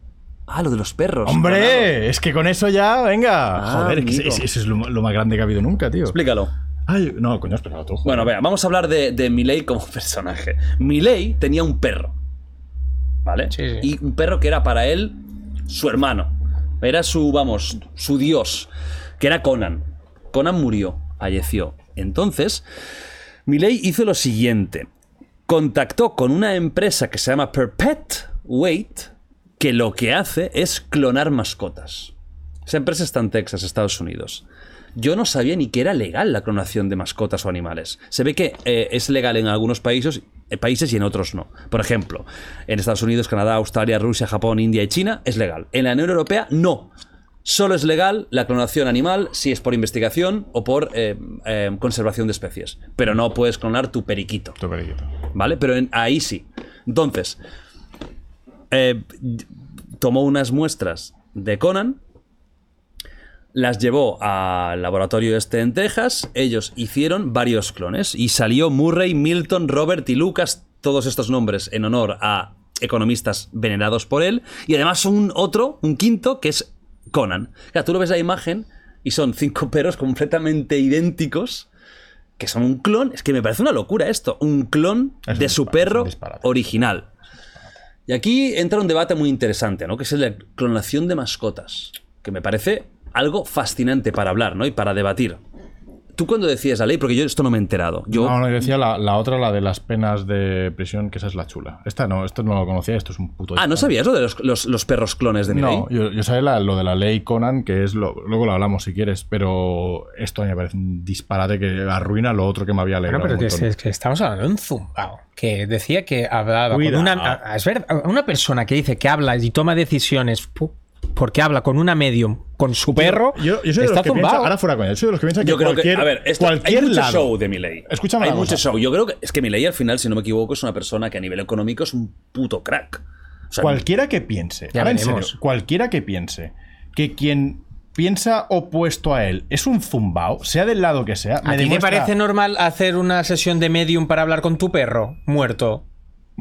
[SPEAKER 1] ah, lo de los perros. Conan.
[SPEAKER 2] ¡Hombre! Es que con eso ya, venga.
[SPEAKER 1] Ah,
[SPEAKER 2] Joder, que
[SPEAKER 1] amigo.
[SPEAKER 2] es- es- eso es lo, lo más grande que ha habido nunca, tío.
[SPEAKER 1] Explícalo.
[SPEAKER 2] Ay, no, coño, espera tú. joder.
[SPEAKER 1] Bueno, vea, vamos a hablar de, de Milei como personaje. Milei tenía un perro. ¿Vale?
[SPEAKER 3] Sí, sí.
[SPEAKER 1] Y un perro que era para él su hermano. Era su, vamos, su dios. Que era Conan. Conan murió, falleció. Entonces, Milei hizo lo siguiente. Contactó con una empresa que se llama Perpet Wait, que lo que hace es clonar mascotas. Esa empresa está en Texas, Estados Unidos. Yo no sabía ni que era legal la clonación de mascotas o animales. Se ve que eh, es legal en algunos países, eh, países y en otros no. Por ejemplo, en Estados Unidos, Canadá, Australia, Rusia, Japón, India y China es legal. En la Unión Europea no. Solo es legal la clonación animal si es por investigación o por eh, eh, conservación de especies. Pero no puedes clonar tu periquito.
[SPEAKER 2] Tu periquito.
[SPEAKER 1] ¿Vale? Pero en- ahí sí. Entonces, eh, tomó unas muestras de Conan, las llevó al laboratorio este en Texas, ellos hicieron varios clones y salió Murray, Milton, Robert y Lucas, todos estos nombres en honor a economistas venerados por él, y además un otro, un quinto, que es Conan. Claro, tú lo ves la imagen y son cinco perros completamente idénticos que son un clon. Es que me parece una locura esto. Un clon
[SPEAKER 2] Es un
[SPEAKER 1] de su
[SPEAKER 2] disparo- es
[SPEAKER 1] perro
[SPEAKER 2] un disparate.
[SPEAKER 1] original. Y aquí entra un debate muy interesante, ¿no? Que es el de clonación de mascotas. Que me parece algo fascinante para hablar, ¿no? Y para debatir. Tú cuando decías la ley, porque yo esto no me he enterado. Yo,
[SPEAKER 2] No, no, yo decía la, la otra, la de las penas de prisión, que esa es la chula. Esta no, esto no lo conocía, esto es un puto.
[SPEAKER 1] ah, ¿no
[SPEAKER 2] disparate.
[SPEAKER 1] sabías lo de los, los- los perros clones de mi ley?
[SPEAKER 2] No, yo, yo sabía la- lo de la ley Conan, que es lo, luego lo hablamos si quieres, pero esto a mí me parece un disparate que arruina lo otro que me había
[SPEAKER 3] Bueno,
[SPEAKER 2] alegrado.
[SPEAKER 3] pero
[SPEAKER 2] un
[SPEAKER 3] que,
[SPEAKER 2] montón.
[SPEAKER 3] es que estamos hablando de un zumbao que decía que hablaba
[SPEAKER 2] Cuidado.
[SPEAKER 3] con una, a- a- es verdad, una persona que dice que habla y toma decisiones pu- porque habla con una medium, con su perro,
[SPEAKER 2] Yo, yo soy de
[SPEAKER 3] está
[SPEAKER 2] los que piensa,
[SPEAKER 3] zumbao.
[SPEAKER 2] ahora fuera coña, yo soy de los que piensa que
[SPEAKER 1] Yo creo que,
[SPEAKER 2] cualquier,
[SPEAKER 1] a ver, esto-
[SPEAKER 2] cualquier
[SPEAKER 1] hay mucho
[SPEAKER 2] lado-
[SPEAKER 1] show de Milei.
[SPEAKER 2] Escúchame
[SPEAKER 1] Hay
[SPEAKER 2] una
[SPEAKER 1] mucho
[SPEAKER 2] cosa.
[SPEAKER 1] show. Yo creo que es que Milei al final, si no me equivoco, es una persona que a nivel económico es un puto crack. O sea,
[SPEAKER 2] cualquiera que piense,
[SPEAKER 3] Ya
[SPEAKER 2] ahora en serio,
[SPEAKER 3] veremos.
[SPEAKER 2] cualquiera que piense que quien piensa opuesto a él es un zumbao, sea del lado que sea,
[SPEAKER 3] ¿A
[SPEAKER 2] me
[SPEAKER 3] ti te
[SPEAKER 2] demuestra-
[SPEAKER 3] parece normal hacer una sesión de medium para hablar con tu perro muerto?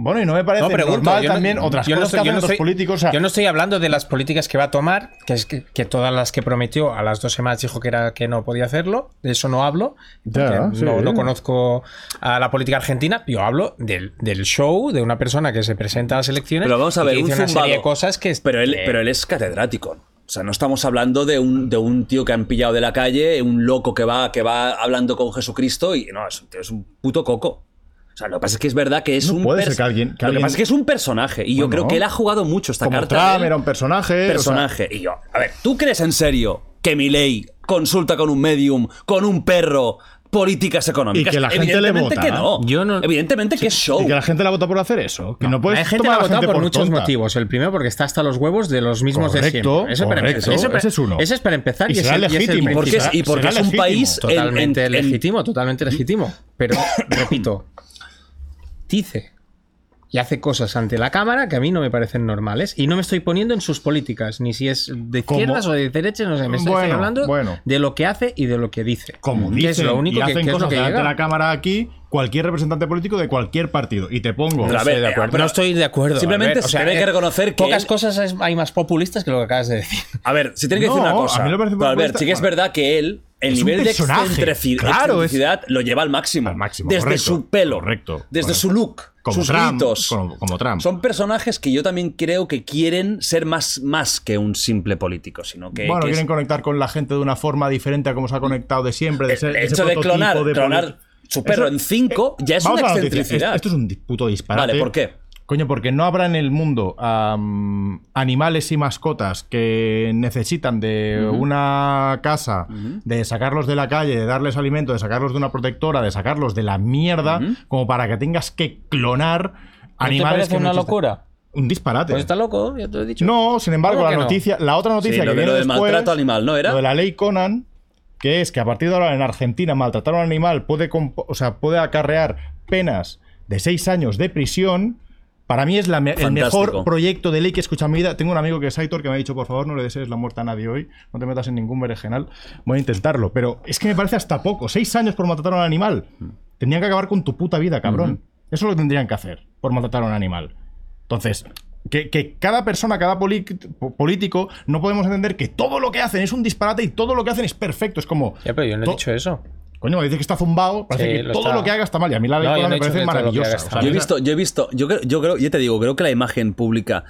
[SPEAKER 2] Bueno, y no me parece
[SPEAKER 3] No, pregunto,
[SPEAKER 2] normal
[SPEAKER 3] yo no-
[SPEAKER 2] también otras
[SPEAKER 3] yo no
[SPEAKER 2] cosas
[SPEAKER 3] estoy-
[SPEAKER 2] que hacen
[SPEAKER 3] yo no
[SPEAKER 2] los
[SPEAKER 3] estoy-
[SPEAKER 2] políticos. o sea,
[SPEAKER 3] Yo no estoy hablando de las políticas que va a tomar, que es que, que todas las que prometió a las dos semanas dijo que era que no podía hacerlo, de eso no hablo, porque
[SPEAKER 2] Ya,
[SPEAKER 3] no,
[SPEAKER 2] sí.
[SPEAKER 3] no conozco a la política argentina, yo hablo del, del show de una persona que se presenta a las elecciones
[SPEAKER 1] Pero vamos a
[SPEAKER 3] y
[SPEAKER 1] ver,
[SPEAKER 3] que
[SPEAKER 1] un
[SPEAKER 3] dice una serie
[SPEAKER 1] zumbado.
[SPEAKER 3] de cosas que
[SPEAKER 1] Pero él,
[SPEAKER 3] que-
[SPEAKER 1] pero él es catedrático. O sea, no estamos hablando de un, de un tío que han pillado de la calle, un loco que va, que va hablando con Jesucristo y no, es un, tío, es un puto coco. O sea, lo que pasa es que es verdad que es
[SPEAKER 2] No
[SPEAKER 1] un
[SPEAKER 2] puede ser
[SPEAKER 1] pers-
[SPEAKER 2] que alguien- que
[SPEAKER 1] lo que
[SPEAKER 2] alguien-
[SPEAKER 1] pasa es que es un personaje y yo
[SPEAKER 2] Bueno,
[SPEAKER 1] creo que él ha jugado mucho esta
[SPEAKER 2] como
[SPEAKER 1] carta.
[SPEAKER 2] Trump
[SPEAKER 1] del
[SPEAKER 2] era un personaje. o sea,
[SPEAKER 1] personaje. Y yo, a ver, ¿tú crees en serio que Milei consulta con un medium, con un perro, políticas económicas?
[SPEAKER 2] Y que la gente le
[SPEAKER 1] Evidentemente
[SPEAKER 2] vota.
[SPEAKER 1] que no.
[SPEAKER 3] Yo no-
[SPEAKER 1] Evidentemente que es show.
[SPEAKER 2] y que la gente la vota por hacer eso. Que no, puedes
[SPEAKER 3] Hay gente que
[SPEAKER 2] tomar
[SPEAKER 3] ha
[SPEAKER 2] a la
[SPEAKER 3] votado
[SPEAKER 2] gente
[SPEAKER 3] por,
[SPEAKER 2] por
[SPEAKER 3] muchos
[SPEAKER 2] tonta.
[SPEAKER 3] motivos. El primero porque está hasta los huevos de los mismos de
[SPEAKER 2] Correcto,
[SPEAKER 3] siempre. Eso para
[SPEAKER 2] correcto.
[SPEAKER 3] empezar. Eso para-
[SPEAKER 2] Ese es uno.
[SPEAKER 3] Ese es para empezar.
[SPEAKER 2] Y
[SPEAKER 3] Y,
[SPEAKER 2] será
[SPEAKER 3] es el- y es el
[SPEAKER 2] legítimo.
[SPEAKER 3] principio.
[SPEAKER 1] porque es, y
[SPEAKER 2] será
[SPEAKER 1] porque es un
[SPEAKER 2] legítimo.
[SPEAKER 1] país en- en-
[SPEAKER 3] Totalmente
[SPEAKER 1] en-
[SPEAKER 3] legítimo, totalmente legítimo. Pero, repito, dice y hace cosas ante la cámara que a mí no me parecen normales. Y no me estoy poniendo en sus políticas, ni si es de
[SPEAKER 2] Como-
[SPEAKER 3] izquierdas o de derechas, no sé. Me estoy
[SPEAKER 2] Bueno,
[SPEAKER 3] hablando
[SPEAKER 2] bueno.
[SPEAKER 3] de lo que hace y de lo que dice.
[SPEAKER 1] Mm,
[SPEAKER 2] Como
[SPEAKER 3] Que
[SPEAKER 2] dicen,
[SPEAKER 3] es lo único
[SPEAKER 2] y
[SPEAKER 3] que,
[SPEAKER 2] hacen
[SPEAKER 3] que es lo
[SPEAKER 2] cosas
[SPEAKER 3] que
[SPEAKER 2] delante de la
[SPEAKER 3] llega.
[SPEAKER 2] cámara aquí, cualquier representante político de cualquier partido. Y te pongo.
[SPEAKER 1] Pero a
[SPEAKER 2] estoy
[SPEAKER 1] ver,
[SPEAKER 2] de
[SPEAKER 1] eh,
[SPEAKER 2] acuerdo.
[SPEAKER 1] pero-
[SPEAKER 3] No estoy de acuerdo.
[SPEAKER 1] Simplemente
[SPEAKER 3] Albert.
[SPEAKER 1] se tiene que
[SPEAKER 3] eh,
[SPEAKER 1] reconocer que
[SPEAKER 3] pocas
[SPEAKER 1] él-
[SPEAKER 3] cosas es- hay más populistas que lo que acabas de decir.
[SPEAKER 1] A ver, si tiene que decir
[SPEAKER 2] No,
[SPEAKER 1] una cosa.
[SPEAKER 2] a mí me parece
[SPEAKER 1] pero, Albert,
[SPEAKER 2] propuesta-
[SPEAKER 1] sí que es verdad que él, el
[SPEAKER 2] Es un
[SPEAKER 1] nivel de
[SPEAKER 2] personaje,
[SPEAKER 1] excentrici-
[SPEAKER 2] claro, es-
[SPEAKER 1] excentricidad lo lleva al máximo.
[SPEAKER 2] Al máximo,
[SPEAKER 1] Desde
[SPEAKER 2] correcto,
[SPEAKER 1] su pelo.
[SPEAKER 2] correcto,
[SPEAKER 1] Desde
[SPEAKER 2] correcto.
[SPEAKER 1] su look.
[SPEAKER 2] Como
[SPEAKER 1] sus
[SPEAKER 2] Trump,
[SPEAKER 1] gritos.
[SPEAKER 2] como- como Trump.
[SPEAKER 1] Son personajes que yo también creo que quieren ser más, más que un simple político, sino que.
[SPEAKER 2] bueno,
[SPEAKER 1] que es-
[SPEAKER 2] quieren conectar con la gente de una forma diferente a cómo se ha conectado de siempre. De
[SPEAKER 1] El-
[SPEAKER 2] ese-
[SPEAKER 1] el
[SPEAKER 2] ese
[SPEAKER 1] hecho de
[SPEAKER 2] prototipo
[SPEAKER 1] clonar-
[SPEAKER 2] poli- eh,
[SPEAKER 1] clonar su perro en cinco ya es
[SPEAKER 2] vamos
[SPEAKER 1] una
[SPEAKER 2] a la noticia.
[SPEAKER 1] excentricidad.
[SPEAKER 2] Es- Esto es un di- puto disparate.
[SPEAKER 1] Vale, ¿por qué?
[SPEAKER 2] Coño, porque no habrá en el mundo am, animales y mascotas que necesitan de una casa, de sacarlos de la calle, de darles alimento, de sacarlos de una protectora, de sacarlos de la mierda, como para que tengas que clonar animales
[SPEAKER 3] parece
[SPEAKER 2] que no
[SPEAKER 3] una
[SPEAKER 2] existen.
[SPEAKER 3] locura?
[SPEAKER 2] Un disparate.
[SPEAKER 3] Pues está loco, ya te lo he dicho.
[SPEAKER 2] No, sin embargo, la
[SPEAKER 3] Claro que no.
[SPEAKER 2] noticia, la otra
[SPEAKER 1] Sí,
[SPEAKER 2] noticia
[SPEAKER 1] lo,
[SPEAKER 2] que
[SPEAKER 1] de-
[SPEAKER 2] viene
[SPEAKER 1] lo del
[SPEAKER 2] después,
[SPEAKER 1] maltrato animal, ¿no era?
[SPEAKER 2] lo de la ley Conan, que es que a partir de ahora en Argentina maltratar a un animal puede, comp- o sea, puede acarrear penas de seis años de prisión. Para mí es la me- el
[SPEAKER 1] Fantástico.
[SPEAKER 2] mejor proyecto de ley que he escuchado en mi vida. Tengo un amigo que es Aitor que me ha dicho, por favor, no le desees la muerte a nadie hoy, no te metas en ningún berenjenal. Voy a intentarlo, pero es que me parece hasta poco. Seis años por maltratar a un animal. Tendrían que acabar con tu puta vida, cabrón. Eso es lo que tendrían que hacer, por maltratar a un animal. Entonces, que, que cada persona, cada poli- po- político, no podemos entender que todo lo que hacen es un disparate y todo lo que hacen es perfecto. Es como.
[SPEAKER 3] Ya, pero yo no he
[SPEAKER 2] to-
[SPEAKER 3] dicho eso.
[SPEAKER 2] Coño, me dice que está zumbado, parece
[SPEAKER 3] Sí,
[SPEAKER 2] que
[SPEAKER 3] lo
[SPEAKER 2] todo
[SPEAKER 3] está.
[SPEAKER 2] lo que haga está mal. Y a mí la
[SPEAKER 3] No,
[SPEAKER 2] ley
[SPEAKER 3] yo
[SPEAKER 2] Conan
[SPEAKER 3] no
[SPEAKER 2] me
[SPEAKER 3] he dicho
[SPEAKER 2] parece
[SPEAKER 3] que todo lo que
[SPEAKER 2] maravillosa.
[SPEAKER 3] haga
[SPEAKER 2] O
[SPEAKER 3] está
[SPEAKER 2] sea,
[SPEAKER 3] mal.
[SPEAKER 1] Yo he
[SPEAKER 2] esa-
[SPEAKER 1] visto, yo he visto, yo creo, yo creo, ya te digo, creo que la imagen pública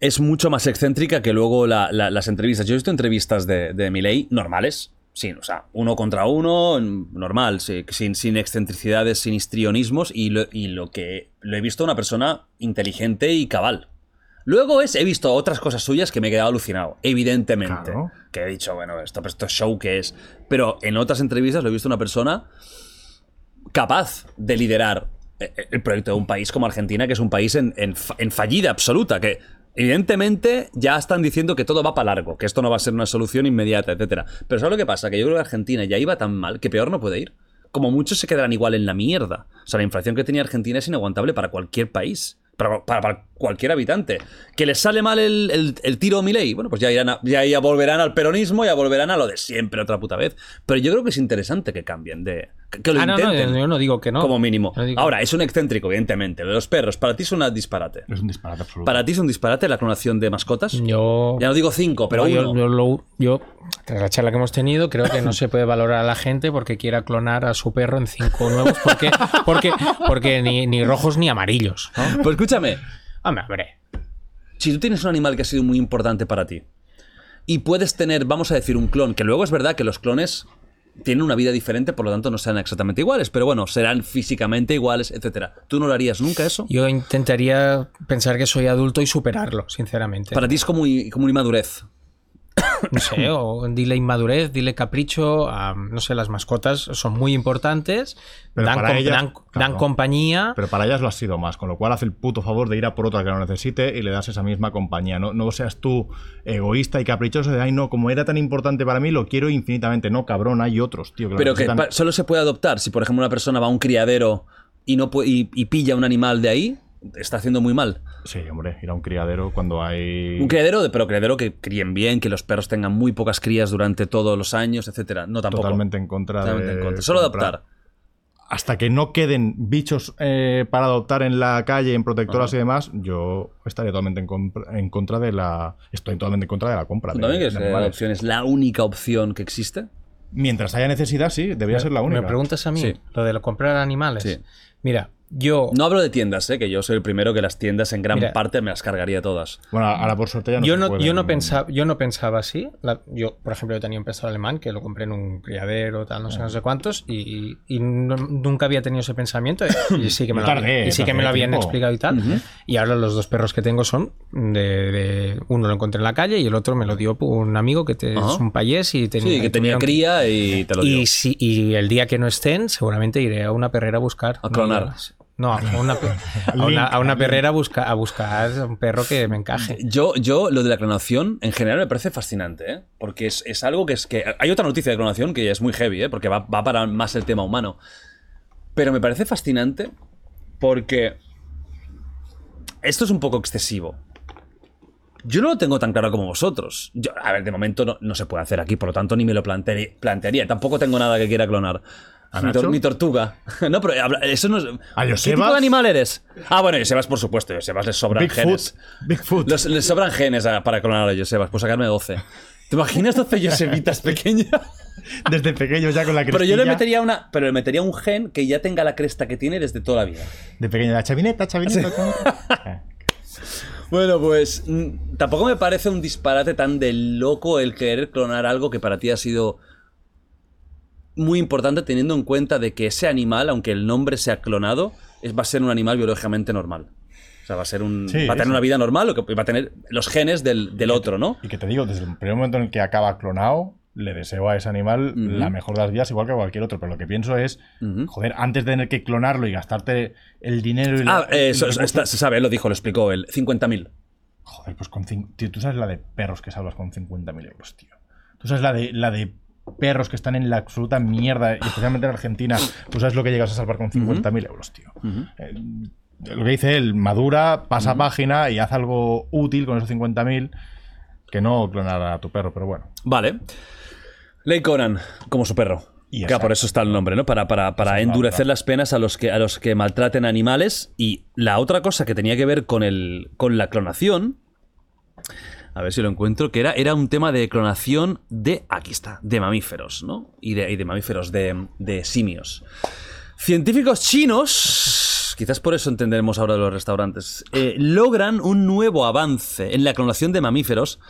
[SPEAKER 1] es mucho más excéntrica que luego la- la- las entrevistas. Yo he visto entrevistas de, de Milei normales, sin, o sea, uno contra uno, en- normal, sí, sin, sin excentricidades, sin histrionismos, y lo, y lo que lo he visto una persona inteligente y cabal. Luego es, he visto otras cosas suyas que me he quedado alucinado, evidentemente.
[SPEAKER 2] Claro.
[SPEAKER 1] Que he dicho, bueno, esto, esto es show que es. Pero en otras entrevistas lo he visto una persona capaz de liderar eh, eh, el proyecto de un país como Argentina, que es un país en, en fa- en fallida absoluta, que evidentemente ya están diciendo que todo va para largo, que esto no va a ser una solución inmediata, etcétera. Pero ¿sabes lo que pasa? Que yo creo que Argentina ya iba tan mal que peor no puede ir. Como muchos se quedarán igual en la mierda. O sea, la inflación que tenía Argentina es inaguantable para cualquier país. Para, para- para cualquier habitante. ¿Que les sale mal el, el- el tiro Milei? Bueno, pues ya, irán a- ya, ya volverán al peronismo, ya volverán a lo de siempre otra puta vez. Pero yo creo que es interesante que cambien de... que- que lo
[SPEAKER 3] Ah, no, no,
[SPEAKER 1] intenten
[SPEAKER 3] yo no digo que no.
[SPEAKER 1] como mínimo.
[SPEAKER 3] No digo-
[SPEAKER 1] Ahora, es un excéntrico, evidentemente. Lo de los perros, para ti es un disparate.
[SPEAKER 2] Es un disparate absoluto.
[SPEAKER 1] Para ti es un disparate la clonación de mascotas.
[SPEAKER 3] Yo.
[SPEAKER 1] Ya no digo cinco, pero
[SPEAKER 3] no, yo,
[SPEAKER 1] uno.
[SPEAKER 3] yo lo- yo, tras la charla que hemos tenido, creo que no se puede valorar a la gente porque quiera clonar a su perro en cinco nuevos, porque, porque, porque ni, ni rojos ni amarillos. ¿no?
[SPEAKER 1] Pues escúchame,
[SPEAKER 3] Hombre, hombre.
[SPEAKER 1] si tú tienes un animal que ha sido muy importante para ti y puedes tener, vamos a decir, un clon, que luego es verdad que los clones tienen una vida diferente, por lo tanto no serán exactamente iguales, pero bueno, serán físicamente iguales, etcétera. ¿Tú no lo harías nunca eso?
[SPEAKER 3] Yo intentaría pensar que soy adulto y superarlo, sinceramente.
[SPEAKER 1] Para ti es como, i- como una inmadurez.
[SPEAKER 3] no sé, o dile inmadurez, dile capricho, am, no sé, las mascotas son muy importantes,
[SPEAKER 2] Pero
[SPEAKER 3] dan,
[SPEAKER 2] para
[SPEAKER 3] com-
[SPEAKER 2] ellas,
[SPEAKER 3] dan-
[SPEAKER 2] claro.
[SPEAKER 3] dan compañía.
[SPEAKER 2] Pero para ellas lo has sido más, con lo cual hace el puto favor de ir a por otra que lo necesite y le das esa misma compañía. No, no seas tú egoísta y caprichoso de, ay, no, como era tan importante para mí, lo quiero infinitamente. No, cabrón, hay otros, tío. Que lo
[SPEAKER 1] Pero que
[SPEAKER 2] necesitan.
[SPEAKER 1] pa- solo se puede adoptar si, por ejemplo, una persona va a un criadero y, no pu- y, y pilla un animal de ahí. está haciendo muy mal.
[SPEAKER 2] Sí, hombre, ir a un criadero cuando hay.
[SPEAKER 1] Un criadero, de, pero criadero que críen bien, que los perros tengan muy pocas crías durante todos los años, etcétera. No tampoco.
[SPEAKER 2] Totalmente en contra.
[SPEAKER 1] Totalmente
[SPEAKER 2] de
[SPEAKER 1] en contra. Solo
[SPEAKER 2] comprar.
[SPEAKER 1] adaptar.
[SPEAKER 2] Hasta que no queden bichos eh, para adoptar en la calle, en protectoras y demás, yo estaré totalmente en, compra- en contra de la. Estoy totalmente en contra de la compra.
[SPEAKER 1] ¿Tú
[SPEAKER 2] de-
[SPEAKER 1] también
[SPEAKER 2] de
[SPEAKER 1] crees que la
[SPEAKER 2] animales.
[SPEAKER 1] adopción es la única opción que existe?
[SPEAKER 2] Mientras haya necesidad, sí, debería ser la única.
[SPEAKER 3] ¿Me preguntas a mí?
[SPEAKER 1] Sí.
[SPEAKER 3] Lo de lo- comprar animales.
[SPEAKER 1] Sí.
[SPEAKER 3] Mira, yo.
[SPEAKER 1] No hablo de tiendas, ¿eh? que yo soy el primero que las tiendas en gran
[SPEAKER 3] Mira.
[SPEAKER 1] parte me las cargaría todas.
[SPEAKER 2] Bueno, ahora por suerte ya no
[SPEAKER 3] yo,
[SPEAKER 2] se
[SPEAKER 3] no,
[SPEAKER 2] pueden-
[SPEAKER 3] yo, no pensaba, yo no pensaba así. La- yo, por ejemplo, yo tenía un pescado alemán que lo compré en un criadero, tal, no sé, no sé cuántos, y, y no- nunca había tenido ese pensamiento. Y, y sí que me
[SPEAKER 2] Yo
[SPEAKER 3] lo,
[SPEAKER 2] tardé,
[SPEAKER 3] habían- y sí que me lo
[SPEAKER 2] tardé
[SPEAKER 3] habían
[SPEAKER 2] tiempo.
[SPEAKER 3] explicado y tal. Y ahora los dos perros que tengo son de, de- Uno lo encontré en la calle y el otro me lo dio un amigo que te-
[SPEAKER 1] Ajá.
[SPEAKER 3] es un payés y tenía,
[SPEAKER 1] Sí, que tenía
[SPEAKER 3] tuvieron-
[SPEAKER 1] cría y te lo digo.
[SPEAKER 3] Y, si- y el día que no estén, seguramente iré a una perrera a buscar.
[SPEAKER 1] A clonar.
[SPEAKER 3] No, a una, pe- a una, a una perrera a, busca- a buscar un perro que me encaje.
[SPEAKER 1] Yo, yo lo de la clonación en general me parece fascinante, ¿eh? porque es, es algo que es que... Hay otra noticia de clonación que es muy heavy, ¿eh? porque va, va para más el tema humano. Pero me parece fascinante porque esto es un poco excesivo. Yo no lo tengo tan claro como vosotros. Yo- a ver, de momento no, no se puede hacer aquí, por lo tanto ni me lo plantearía. plantearía. Tampoco tengo nada que quiera clonar. Mi, tor-
[SPEAKER 2] Nacho?
[SPEAKER 1] mi tortuga. No, pero habla- eso no es...
[SPEAKER 2] ¿A
[SPEAKER 1] ¿Qué
[SPEAKER 2] Josebas?
[SPEAKER 1] tipo de animal eres? Ah, bueno, Josebas, por supuesto. Josebas les sobran
[SPEAKER 2] Bigfoot.
[SPEAKER 1] genes.
[SPEAKER 2] Bigfoot.
[SPEAKER 1] Los- les sobran genes a- para clonar a Josebas, por sacarme 12. ¿Te imaginas 12 Josebitas pequeñas?
[SPEAKER 2] Desde pequeño ya con la crestilla.
[SPEAKER 1] Pero yo le metería una. Pero le metería un gen que ya tenga la cresta que tiene desde toda la vida.
[SPEAKER 2] De pequeño, la chavineta, chavineta. chavineta.
[SPEAKER 1] Bueno, pues. mm, Tampoco me parece un disparate tan de loco el querer clonar algo que para ti ha sido. Muy importante teniendo en cuenta de que ese animal, aunque el nombre sea clonado, es, va a ser un animal biológicamente normal. O sea, va a ser un.
[SPEAKER 2] Sí,
[SPEAKER 1] va a tener
[SPEAKER 2] sí.
[SPEAKER 1] una vida normal, o que va a tener los genes del, del otro, ¿no?
[SPEAKER 2] Y que te digo, desde el primer momento en el que acaba clonado, le deseo a ese animal la mejor de las vidas, igual que a cualquier otro. Pero lo que pienso es, joder, antes de tener que clonarlo y gastarte el dinero y la-
[SPEAKER 1] Ah, eh,
[SPEAKER 2] y
[SPEAKER 1] eso-
[SPEAKER 2] los
[SPEAKER 1] eso
[SPEAKER 2] recursos-
[SPEAKER 1] está- se sabe, lo dijo, lo explicó él. 50.000.
[SPEAKER 2] Joder, pues con cin- tío, tú sabes la de perros que salvas con 50.000 euros, tío. Tú sabes la de, la de perros que están en la absoluta mierda, y especialmente en Argentina. Tú sabes lo que llegas a salvar con 50.000 euros, tío. Eh, lo que dice él, madura, pasa página y haz algo útil con esos 50.000 que no clonar a tu perro, pero bueno.
[SPEAKER 1] Vale. Ley Conan, como su perro.
[SPEAKER 2] Y
[SPEAKER 1] Ya,
[SPEAKER 2] exacto.
[SPEAKER 1] por eso está el nombre, ¿no? Para, para, para endurecer las penas a los, que, a los que maltraten animales. Y la otra cosa que tenía que ver con, el, con la clonación. A ver si lo encuentro, que era, era un tema de clonación de. Aquí está, de mamíferos, ¿no? Y de, y de mamíferos, de, de simios. Científicos chinos, quizás por eso entenderemos ahora los restaurantes, eh, logran un nuevo avance en la clonación de mamíferos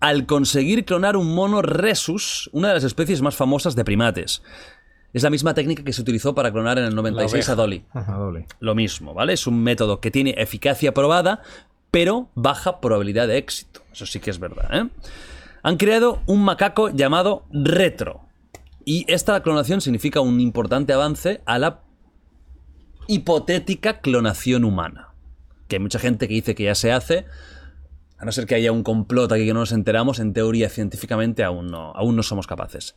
[SPEAKER 1] al conseguir clonar un mono rhesus, una de las especies más famosas de primates. Es la misma técnica que se utilizó para clonar en el 96 a Dolly.
[SPEAKER 2] A doble.
[SPEAKER 1] Lo mismo, ¿vale? Es un método que tiene eficacia probada, pero baja probabilidad de éxito. Eso sí que es verdad, ¿eh? Han creado un macaco llamado Retro. Y esta clonación significa un importante avance a la hipotética clonación humana. Que hay mucha gente que dice que ya se hace, a no ser que haya un complot aquí que no nos enteramos, en teoría científicamente aún no, aún no somos capaces.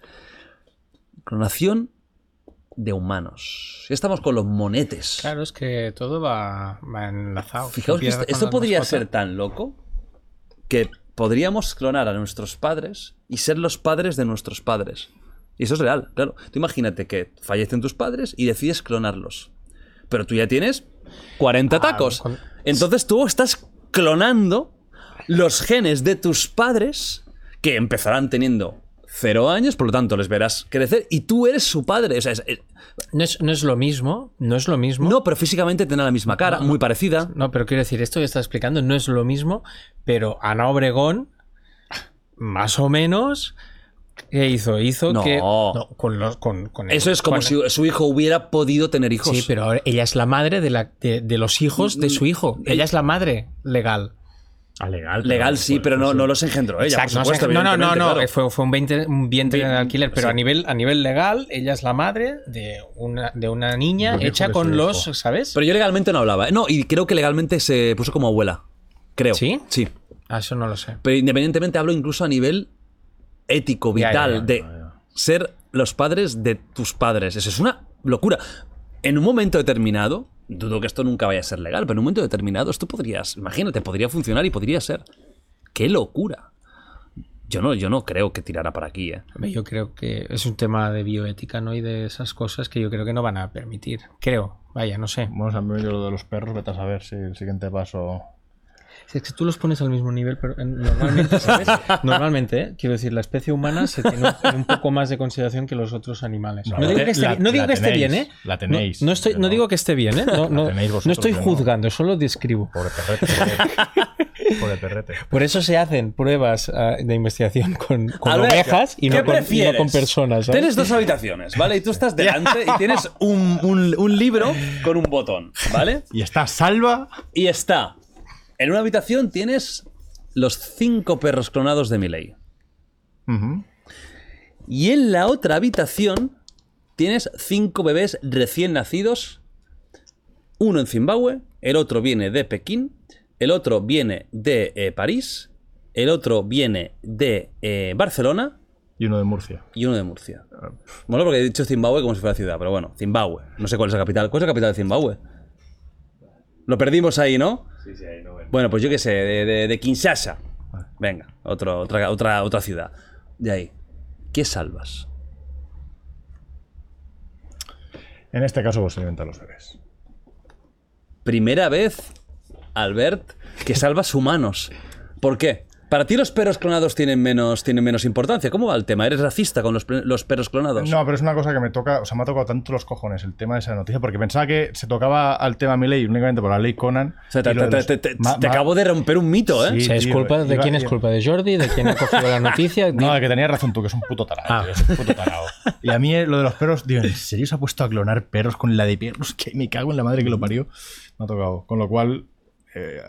[SPEAKER 1] Clonación de humanos. Ya estamos con los monetes.
[SPEAKER 3] Claro, es que todo va, va enlazado.
[SPEAKER 1] Fijaos que
[SPEAKER 3] Empieza
[SPEAKER 1] esto,
[SPEAKER 3] con
[SPEAKER 1] esto
[SPEAKER 3] las
[SPEAKER 1] podría
[SPEAKER 3] mascotas.
[SPEAKER 1] ser tan loco que podríamos clonar a nuestros padres y ser los padres de nuestros padres. Y eso es real, claro. Tú imagínate que fallecen tus padres y decides clonarlos. Pero tú ya tienes 40 tacos.
[SPEAKER 3] Ah, con-
[SPEAKER 1] Entonces tú estás clonando los genes de tus padres que empezarán teniendo cero años, por lo tanto les verás crecer y tú eres su padre. O sea, es- es-
[SPEAKER 3] No es, no es lo mismo, no es lo mismo.
[SPEAKER 1] no, pero físicamente tendrá la misma cara, muy parecida.
[SPEAKER 3] No, pero quiero decir, esto que estás explicando no es lo mismo, pero Ana Obregón, más o menos, ¿qué hizo? Hizo
[SPEAKER 1] No.
[SPEAKER 3] que. con los, con, con
[SPEAKER 1] Eso es como
[SPEAKER 3] con-
[SPEAKER 1] si su hijo hubiera podido tener hijos. Mm,
[SPEAKER 3] Sí, pero ahora ella es la madre de, la, de, de los hijos de su hijo. Ella es la madre legal.
[SPEAKER 2] A legal.
[SPEAKER 1] Ah, Legal sí, pero pues no, no los engendró ella,
[SPEAKER 3] Exacto, no
[SPEAKER 1] por supuesto,
[SPEAKER 3] sé- no, no, no, no,
[SPEAKER 1] evidentemente, claro.
[SPEAKER 3] fue, fue un, 20 un vientre
[SPEAKER 1] Vi-
[SPEAKER 3] de alquiler, pero
[SPEAKER 1] sí.
[SPEAKER 3] a, nivel, a nivel legal, ella es la madre de una, de una
[SPEAKER 2] De
[SPEAKER 3] niña
[SPEAKER 2] un hijo
[SPEAKER 3] hecha
[SPEAKER 2] de
[SPEAKER 3] con
[SPEAKER 2] su
[SPEAKER 3] los,
[SPEAKER 2] hijo.
[SPEAKER 3] ¿sabes?
[SPEAKER 1] Pero yo legalmente no hablaba. ¿eh? No, y creo que legalmente se puso como abuela. Creo.
[SPEAKER 3] ¿Sí?
[SPEAKER 1] Sí.
[SPEAKER 3] Ah, eso no lo sé.
[SPEAKER 1] Pero independientemente hablo incluso a nivel ético,
[SPEAKER 3] Ya, ya,
[SPEAKER 1] vital,
[SPEAKER 3] ya,
[SPEAKER 1] de ser los padres de tus padres. Eso es una locura. En un momento determinado, dudo que esto nunca vaya a ser legal, pero en un momento determinado esto podrías, imagínate, podría funcionar y podría ser. ¡Qué locura! Yo no, yo no creo que tirara para aquí, ¿eh?
[SPEAKER 3] Hombre, Yo creo que es un tema de bioética, ¿no? Y de esas cosas que yo creo que no van a permitir. Creo, vaya, no sé.
[SPEAKER 2] Bueno, se han venido lo de los perros, vete a saber si el siguiente paso.
[SPEAKER 3] Si es que tú los pones al mismo nivel, pero eh, normalmente, ¿sabes? Normalmente, ¿eh? quiero decir, la especie humana se tiene un, un poco más de consideración que los otros animales. No,
[SPEAKER 2] la
[SPEAKER 3] digo
[SPEAKER 2] te-
[SPEAKER 3] que esté,
[SPEAKER 2] la-
[SPEAKER 3] bien- no digo
[SPEAKER 2] la
[SPEAKER 3] que esté
[SPEAKER 2] tenéis,
[SPEAKER 3] bien, ¿eh?
[SPEAKER 2] la tenéis,
[SPEAKER 3] No, no estoy,
[SPEAKER 2] pero
[SPEAKER 3] no
[SPEAKER 2] no.
[SPEAKER 3] digo que esté bien, ¿eh? No, no-
[SPEAKER 2] tenéis vosotros,
[SPEAKER 3] no estoy
[SPEAKER 2] yo no.
[SPEAKER 3] juzgando, solo describo.
[SPEAKER 2] Pobre perrete. Pobre perrete.
[SPEAKER 3] Por eso se hacen pruebas ah, de investigación con, con
[SPEAKER 1] Alberto,
[SPEAKER 3] ovejas y
[SPEAKER 1] ¿qué
[SPEAKER 3] no con, y no
[SPEAKER 1] prefieres?
[SPEAKER 3] con personas. ¿sabes?
[SPEAKER 1] Tienes dos habitaciones, ¿vale? Y tú estás delante y tienes un, un- un libro con un botón, ¿vale?
[SPEAKER 2] Y está salva.
[SPEAKER 1] Y está. En una habitación tienes los cinco perros clonados de Miley.
[SPEAKER 2] Ujú.
[SPEAKER 1] Y en la otra habitación tienes cinco bebés recién nacidos. Uno en Zimbabue, el otro viene de Pekín, el otro viene de eh, París, el otro viene de eh, Barcelona
[SPEAKER 2] Y uno de Murcia.
[SPEAKER 1] y uno de Murcia.
[SPEAKER 2] Ah.
[SPEAKER 1] Bueno, porque he dicho Zimbabue como si fuera ciudad, pero bueno, Zimbabue. No sé cuál es la capital. ¿Cuál es la capital de Zimbabue? Lo perdimos ahí, ¿no?
[SPEAKER 5] Sí, sí, ahí no ven.
[SPEAKER 1] Bueno, pues yo qué sé, de, de- de Kinshasa. Venga, otro- otra, otra, otra ciudad. De ahí. ¿Qué salvas?
[SPEAKER 2] En este caso, vos alimentas a los bebés.
[SPEAKER 1] Primera vez, Albert, que salvas humanos. ¿Por qué? Para ti los perros clonados tienen menos, tienen menos importancia. ¿Cómo va el tema? ¿Eres racista con los, pre- los perros clonados?
[SPEAKER 2] No, pero es una cosa que me toca, o sea, me ha tocado tanto los cojones el tema de esa noticia, porque pensaba que se tocaba al tema Miley únicamente por la ley Conan.
[SPEAKER 1] O sea, te,
[SPEAKER 2] y lo
[SPEAKER 1] te-
[SPEAKER 2] de los-
[SPEAKER 1] te- te-
[SPEAKER 2] ma-
[SPEAKER 1] te
[SPEAKER 2] ma-
[SPEAKER 1] acabo de romper un mito, ¿eh?
[SPEAKER 2] Sí,
[SPEAKER 3] O sea, es
[SPEAKER 2] tío,
[SPEAKER 3] culpa, ¿De
[SPEAKER 2] iba-
[SPEAKER 3] quién es
[SPEAKER 2] iba-
[SPEAKER 3] culpa? ¿De Jordi? ¿De quién ha cogido la noticia?
[SPEAKER 2] No, que tenías razón tú, que es un puto tarado. tío, es un puto tarado. Ah. Y a mí eh, lo de los perros, digo, ¿en serio se ha puesto a clonar perros con la de perros? Que me cago en la madre que lo parió. Me ha tocado. Con lo cual, eh,